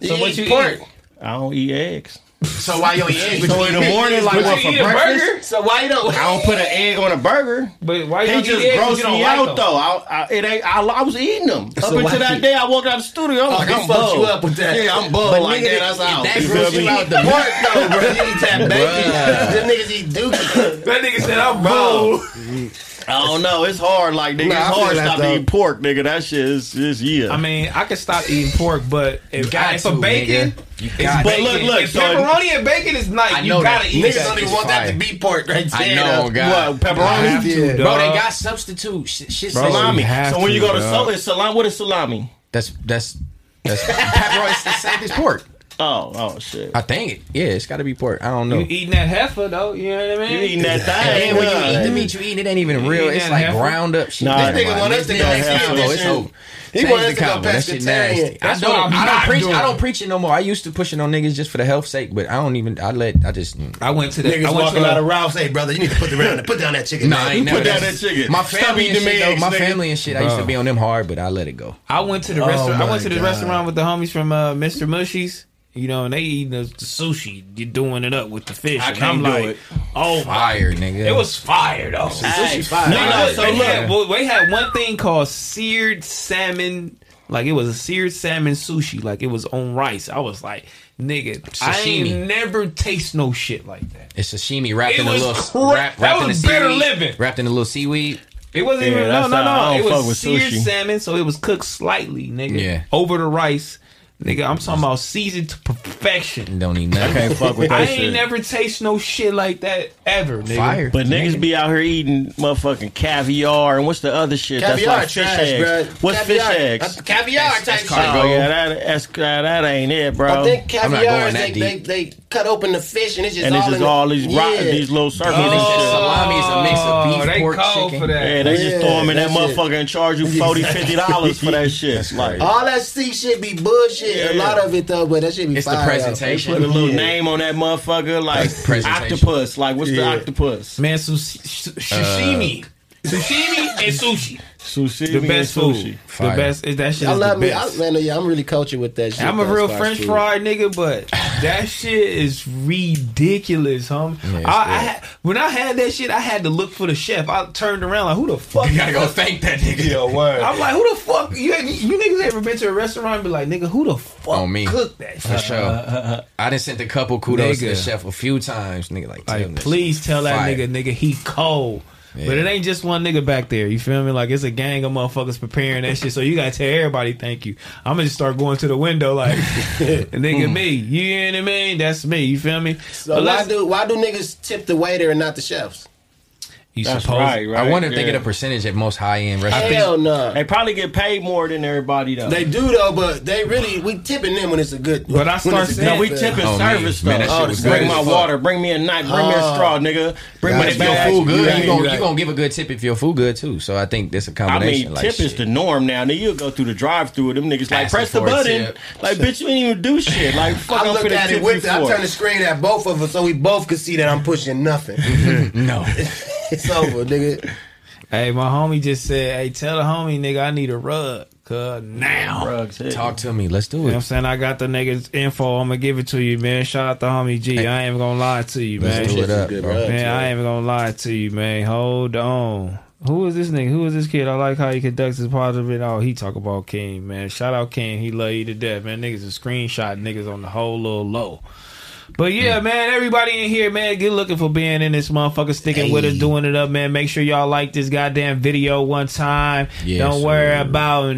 [SPEAKER 1] So
[SPEAKER 2] You
[SPEAKER 1] what
[SPEAKER 2] eat
[SPEAKER 1] you
[SPEAKER 2] pork.
[SPEAKER 1] eat?
[SPEAKER 3] I don't eat eggs.
[SPEAKER 4] So why your eggs?
[SPEAKER 3] So in the morning, like
[SPEAKER 1] Would
[SPEAKER 3] what
[SPEAKER 1] you
[SPEAKER 3] for
[SPEAKER 1] eat a
[SPEAKER 3] breakfast?
[SPEAKER 1] burger?
[SPEAKER 2] So why you don't?
[SPEAKER 3] I don't put an egg on a burger.
[SPEAKER 1] But why you
[SPEAKER 3] He
[SPEAKER 1] don't
[SPEAKER 3] just
[SPEAKER 1] eat eggs? if
[SPEAKER 3] grossed
[SPEAKER 1] You don't
[SPEAKER 3] me
[SPEAKER 1] like
[SPEAKER 3] out
[SPEAKER 1] them?
[SPEAKER 3] though. I, I, it ain't. I, I was eating them up
[SPEAKER 2] So why
[SPEAKER 3] until that
[SPEAKER 2] you-
[SPEAKER 3] day. I walked out of the studio. I'm
[SPEAKER 2] Oh,
[SPEAKER 3] like,
[SPEAKER 2] he
[SPEAKER 3] I'm
[SPEAKER 2] fucked
[SPEAKER 3] bugged.
[SPEAKER 2] you up with that.
[SPEAKER 3] Yeah, I'm bugged
[SPEAKER 2] But
[SPEAKER 3] like
[SPEAKER 2] nigga,
[SPEAKER 3] that. That's
[SPEAKER 2] if
[SPEAKER 3] out.
[SPEAKER 4] that
[SPEAKER 3] You
[SPEAKER 4] gross
[SPEAKER 3] feel
[SPEAKER 4] you
[SPEAKER 3] me?
[SPEAKER 4] out,
[SPEAKER 2] The pork though, bro. You eat that bacon. Them niggas eat dookie.
[SPEAKER 1] That nigga said I'm
[SPEAKER 2] Bro.
[SPEAKER 1] bro.
[SPEAKER 3] I don't know. It's hard. Like nigga,
[SPEAKER 2] Nah, I
[SPEAKER 3] it's
[SPEAKER 2] feel
[SPEAKER 3] hard.
[SPEAKER 2] that,
[SPEAKER 3] Stop
[SPEAKER 2] though.
[SPEAKER 3] eating pork, nigga. That shit is is yeah.
[SPEAKER 1] I mean, I could stop eating pork, but if,
[SPEAKER 4] got
[SPEAKER 1] I, if
[SPEAKER 4] to,
[SPEAKER 1] a bacon,
[SPEAKER 4] nigga. You
[SPEAKER 1] it's
[SPEAKER 4] got to.
[SPEAKER 1] bacon.
[SPEAKER 3] But look, look,
[SPEAKER 1] if
[SPEAKER 3] so-
[SPEAKER 1] pepperoni and bacon is
[SPEAKER 4] I
[SPEAKER 1] nice. You
[SPEAKER 4] know
[SPEAKER 1] gotta
[SPEAKER 4] that.
[SPEAKER 1] eat
[SPEAKER 4] Niggas
[SPEAKER 2] Niggas
[SPEAKER 1] that.
[SPEAKER 2] don't even
[SPEAKER 4] is
[SPEAKER 1] shit.
[SPEAKER 2] want that
[SPEAKER 4] fire.
[SPEAKER 2] to be pork right there.
[SPEAKER 4] I know, God.
[SPEAKER 3] what pepperoni?
[SPEAKER 1] to,
[SPEAKER 4] Bro,
[SPEAKER 1] dog.
[SPEAKER 4] they got substitute shit. shit
[SPEAKER 1] Bro,
[SPEAKER 3] salami.
[SPEAKER 1] you have
[SPEAKER 3] So when
[SPEAKER 1] to,
[SPEAKER 3] you go to
[SPEAKER 1] dog.
[SPEAKER 3] so, it's salami, what is salami?
[SPEAKER 4] That's that's that's pepperoni. It's the same as pork.
[SPEAKER 3] Oh, oh shit.
[SPEAKER 4] I think it. Yeah, it's got to be pork. I don't know.
[SPEAKER 1] You eating that heifer though? You know what I
[SPEAKER 3] You
[SPEAKER 1] mean?
[SPEAKER 3] eating that thing?
[SPEAKER 4] and then when you eat the
[SPEAKER 3] huh?
[SPEAKER 4] meat, you eat it ain't even real.
[SPEAKER 1] eat
[SPEAKER 4] It's
[SPEAKER 1] that
[SPEAKER 4] like
[SPEAKER 1] heifer?
[SPEAKER 4] ground up shit.
[SPEAKER 3] Nah,
[SPEAKER 4] Never
[SPEAKER 3] this nigga
[SPEAKER 4] mind.
[SPEAKER 2] want us to
[SPEAKER 4] This
[SPEAKER 2] go
[SPEAKER 4] nigga
[SPEAKER 2] hell
[SPEAKER 4] said,
[SPEAKER 2] for
[SPEAKER 4] "Oh,
[SPEAKER 2] this
[SPEAKER 4] it's
[SPEAKER 2] shit."
[SPEAKER 4] over."
[SPEAKER 2] He
[SPEAKER 4] Change
[SPEAKER 2] want
[SPEAKER 4] the
[SPEAKER 2] us to go
[SPEAKER 4] combo. That shit
[SPEAKER 2] pescatarian.
[SPEAKER 4] nasty. I
[SPEAKER 1] That's what
[SPEAKER 4] don't.
[SPEAKER 1] I'm
[SPEAKER 4] I don't
[SPEAKER 1] not
[SPEAKER 4] preach. I
[SPEAKER 1] doing.
[SPEAKER 4] don't preach it no more. I used to push it on niggas just for the health sake, but I don't even. I let. I just.
[SPEAKER 1] I went to the. I
[SPEAKER 2] Niggas
[SPEAKER 1] went to
[SPEAKER 2] walking
[SPEAKER 1] the-
[SPEAKER 2] out of Ralph's. Hey, brother, you need to put down, put down that chicken.
[SPEAKER 4] Nah,
[SPEAKER 2] man.
[SPEAKER 4] I ain't never.
[SPEAKER 3] Put down that
[SPEAKER 4] that's-
[SPEAKER 3] chicken.
[SPEAKER 4] My
[SPEAKER 3] Stop
[SPEAKER 4] family
[SPEAKER 3] eating
[SPEAKER 4] and
[SPEAKER 3] them
[SPEAKER 4] shit. though,
[SPEAKER 3] eggs,
[SPEAKER 4] My
[SPEAKER 3] nigga.
[SPEAKER 4] family and shit. I used to
[SPEAKER 1] Bro.
[SPEAKER 4] be on them hard, but I let it go.
[SPEAKER 1] I went to the restaurant. I
[SPEAKER 2] my
[SPEAKER 1] went to the
[SPEAKER 2] God.
[SPEAKER 1] restaurant with the homies from uh, Mr. Mushy's. You know, and they eating the, the sushi. You're doing it up with the fish.
[SPEAKER 3] I
[SPEAKER 1] and
[SPEAKER 3] can't
[SPEAKER 1] I'm
[SPEAKER 3] do
[SPEAKER 1] like,
[SPEAKER 3] it.
[SPEAKER 1] oh
[SPEAKER 4] Fire, nigga.
[SPEAKER 1] my! It was fire though.
[SPEAKER 3] Hey,
[SPEAKER 2] fire.
[SPEAKER 3] No, no,
[SPEAKER 1] They
[SPEAKER 3] so
[SPEAKER 1] had-
[SPEAKER 3] look.
[SPEAKER 1] they had, well, they had one thing called seared salmon. Like it was a seared salmon sushi. Like it was on rice. I was like, nigga, I
[SPEAKER 4] Sashimi.
[SPEAKER 1] ain't never taste no shit like that.
[SPEAKER 4] It's sashimi wrapped
[SPEAKER 1] It
[SPEAKER 4] in a
[SPEAKER 1] was
[SPEAKER 4] little
[SPEAKER 1] cra-
[SPEAKER 4] wrap,
[SPEAKER 1] that
[SPEAKER 4] wrapped in a
[SPEAKER 1] was better
[SPEAKER 4] seaweed,
[SPEAKER 1] living.
[SPEAKER 4] wrapped in a little seaweed.
[SPEAKER 1] It wasn't
[SPEAKER 3] Yeah,
[SPEAKER 1] even no,
[SPEAKER 3] that's
[SPEAKER 1] no,
[SPEAKER 3] how I
[SPEAKER 1] no.
[SPEAKER 3] don't
[SPEAKER 1] It
[SPEAKER 3] fuck with
[SPEAKER 1] was seared
[SPEAKER 3] sushi.
[SPEAKER 1] salmon, so it was cooked slightly, nigga,
[SPEAKER 4] Yeah.
[SPEAKER 1] over the rice, nigga. I'm talking about seasoned to perfection.
[SPEAKER 4] Don't even. I
[SPEAKER 3] Can't fuck with
[SPEAKER 1] I
[SPEAKER 3] that
[SPEAKER 1] ain't
[SPEAKER 3] shit.
[SPEAKER 1] never taste no shit like that ever, nigga.
[SPEAKER 4] Fire.
[SPEAKER 3] But niggas be out here eating motherfucking caviar and what's the other shit?
[SPEAKER 2] Caviar
[SPEAKER 3] that's like
[SPEAKER 2] trash,
[SPEAKER 3] fish eggs.
[SPEAKER 2] bruh.
[SPEAKER 3] What's
[SPEAKER 2] Caviar.
[SPEAKER 3] fish eggs?
[SPEAKER 2] Uh, Caviar type shit.
[SPEAKER 3] Oh yeah, that that's, that that ain't it, bro.
[SPEAKER 2] I think
[SPEAKER 4] I'm not
[SPEAKER 2] caviar
[SPEAKER 4] going
[SPEAKER 2] is they,
[SPEAKER 4] that
[SPEAKER 2] they, they cut open the fish and it's just
[SPEAKER 3] and
[SPEAKER 2] all
[SPEAKER 3] it's
[SPEAKER 2] in
[SPEAKER 3] just
[SPEAKER 2] the-
[SPEAKER 3] all these rock, these little circles
[SPEAKER 4] And they
[SPEAKER 3] and
[SPEAKER 4] said
[SPEAKER 3] shit.
[SPEAKER 4] salami is a mix
[SPEAKER 1] Oh,
[SPEAKER 4] of beef,
[SPEAKER 1] they
[SPEAKER 4] pork,
[SPEAKER 1] cold
[SPEAKER 4] chicken.
[SPEAKER 1] for that.
[SPEAKER 3] Yeah, they just
[SPEAKER 2] Yeah,
[SPEAKER 3] throw them in that
[SPEAKER 2] that shit.
[SPEAKER 3] motherfucker and charge you 40 dollars for that shit. Like,
[SPEAKER 2] All that sea shit be bullshit. A
[SPEAKER 3] Yeah.
[SPEAKER 2] lot of it though, but that shit be
[SPEAKER 4] It's the
[SPEAKER 2] fire, though.
[SPEAKER 4] presentation.
[SPEAKER 3] put a little
[SPEAKER 2] Yeah.
[SPEAKER 3] name on that motherfucker, like
[SPEAKER 4] presentation.
[SPEAKER 3] octopus. Like, what's the
[SPEAKER 2] Yeah.
[SPEAKER 3] octopus?
[SPEAKER 1] man. Some sh- sashimi,
[SPEAKER 3] Uh,
[SPEAKER 1] sashimi and sushi.
[SPEAKER 3] Sushi,
[SPEAKER 1] The best food. The
[SPEAKER 4] Fire.
[SPEAKER 1] best. That shit. Is
[SPEAKER 2] I love
[SPEAKER 1] the
[SPEAKER 2] me,
[SPEAKER 1] best.
[SPEAKER 2] I, man. Yeah, I'm really cultured with that shit.
[SPEAKER 1] I'm a
[SPEAKER 2] though, as
[SPEAKER 1] real
[SPEAKER 2] far as
[SPEAKER 1] French
[SPEAKER 2] food.
[SPEAKER 1] fry nigga, but that shit is ridiculous, hum. I, I had, when I had that shit, I had to look for the chef. I turned around like, who the fuck?
[SPEAKER 4] You gotta go thank that nigga. Yo, word.
[SPEAKER 1] I'm like, who the fuck? You, you niggas ever been to a restaurant and be like, nigga, who the fuck
[SPEAKER 4] On me.
[SPEAKER 1] cooked that
[SPEAKER 4] For
[SPEAKER 1] shit?
[SPEAKER 4] sure. I done sent a couple kudos to the
[SPEAKER 1] Nigga.
[SPEAKER 4] chef a few times, nigga. Like, tell him
[SPEAKER 1] Like,
[SPEAKER 4] this
[SPEAKER 1] please
[SPEAKER 4] shit
[SPEAKER 1] tell that
[SPEAKER 4] fire.
[SPEAKER 1] nigga, nigga, he cold. But
[SPEAKER 4] Yeah.
[SPEAKER 1] it ain't just one nigga back there. You feel me? Like it's a gang of motherfuckers preparing that shit. So you gotta tell everybody thank you. I'm gonna just start going to the window like, nigga, me. You know what I mean? That's me. You feel me?
[SPEAKER 2] So
[SPEAKER 1] But
[SPEAKER 2] why
[SPEAKER 1] let's-
[SPEAKER 2] do why do niggas tip the waiter and not the chefs?
[SPEAKER 1] You
[SPEAKER 3] That's
[SPEAKER 1] supposed-
[SPEAKER 3] right, right,
[SPEAKER 4] I wonder if they
[SPEAKER 3] yeah.
[SPEAKER 4] get a percentage at most high end restaurants.
[SPEAKER 2] Hell no.
[SPEAKER 3] They probably get paid more than everybody though.
[SPEAKER 2] They do though, but they really we tipping them when it's a good.
[SPEAKER 3] But I
[SPEAKER 2] when
[SPEAKER 3] start
[SPEAKER 2] it's a
[SPEAKER 3] saying
[SPEAKER 2] good
[SPEAKER 3] we
[SPEAKER 2] thing.
[SPEAKER 3] tipping
[SPEAKER 2] Oh, man.
[SPEAKER 3] service
[SPEAKER 2] Man,
[SPEAKER 3] though.
[SPEAKER 2] that shit
[SPEAKER 3] Oh,
[SPEAKER 2] was
[SPEAKER 3] bring
[SPEAKER 2] great
[SPEAKER 3] my
[SPEAKER 2] as fuck.
[SPEAKER 3] water, bring me a knife, bring me a
[SPEAKER 2] Oh.
[SPEAKER 3] straw, nigga. Bring
[SPEAKER 4] But
[SPEAKER 3] me
[SPEAKER 4] if
[SPEAKER 3] a
[SPEAKER 4] your
[SPEAKER 3] bag.
[SPEAKER 4] food good, you gonna,
[SPEAKER 3] right.
[SPEAKER 4] you gonna give a good tip if your food good too. So I think that's a
[SPEAKER 3] I
[SPEAKER 4] combination.
[SPEAKER 3] mean,
[SPEAKER 4] like
[SPEAKER 3] tip
[SPEAKER 4] shit.
[SPEAKER 3] is the norm now. Nigga, you go through the drive-through, them niggas like
[SPEAKER 4] Asking
[SPEAKER 3] press the
[SPEAKER 4] for a
[SPEAKER 3] button.
[SPEAKER 4] tip.
[SPEAKER 3] Like, bitch, you ain't even do shit. Like, fuck,
[SPEAKER 2] I
[SPEAKER 3] I'm
[SPEAKER 2] looked
[SPEAKER 3] finna
[SPEAKER 2] at
[SPEAKER 3] tip
[SPEAKER 2] it
[SPEAKER 3] you
[SPEAKER 2] with. The, I
[SPEAKER 3] for.
[SPEAKER 2] turned the screen at both of us so we both could see that I'm pushing nothing.
[SPEAKER 4] no,
[SPEAKER 2] it's over, nigga.
[SPEAKER 1] Hey, my homie just said, "Hey, tell the homie, nigga, I need a rug, cause now."
[SPEAKER 3] Rugs, hey.
[SPEAKER 4] talk to me. Let's do
[SPEAKER 1] You know what I'm
[SPEAKER 4] it.
[SPEAKER 1] saying? I got the niggas info. I'm gonna give it to you, man. Shout out to homie G. I ain't even gonna lie to you, man.
[SPEAKER 4] Let's do it up,
[SPEAKER 2] Good
[SPEAKER 4] bro.
[SPEAKER 2] rub,
[SPEAKER 1] Man,
[SPEAKER 2] too.
[SPEAKER 1] I ain't even gonna lie to you, man. Hold on. Who is this nigga? Who is this kid? I like how he conducts his part of it. Oh, he talk about King, man. Shout out King. He love you to death, man. Niggas a screenshot niggas on the whole little low. But yeah, man, everybody in here, man, good looking for being in this motherfucker, sticking with us, doing it up, man. Make sure y'all like this goddamn video one time.
[SPEAKER 4] Yes,
[SPEAKER 1] Don't worry
[SPEAKER 4] sir.
[SPEAKER 1] about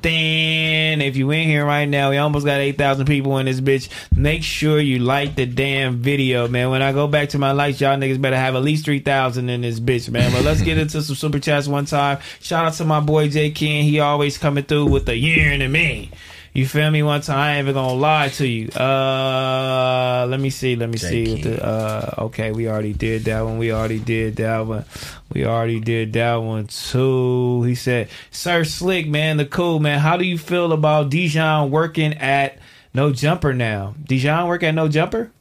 [SPEAKER 1] nothing. If you in here right now, we almost got 8,000 people in this bitch. Make sure you like the damn video, man. When I go back to my likes, y'all niggas better have at least 3,000 in this bitch, man. But let's get into some super chats one time. Shout out to my boy J. Ken. He always coming through with the year and a me. You feel me? One time, I ain't even gonna lie to you. Uh, let me see. Let me see. What the, uh, okay, we already did that one. We already did that one. We already did that one too. He said, "Sir Slick, man, the cool man. How do you feel about Dijon working at No Jumper now? Dijon work at No Jumper?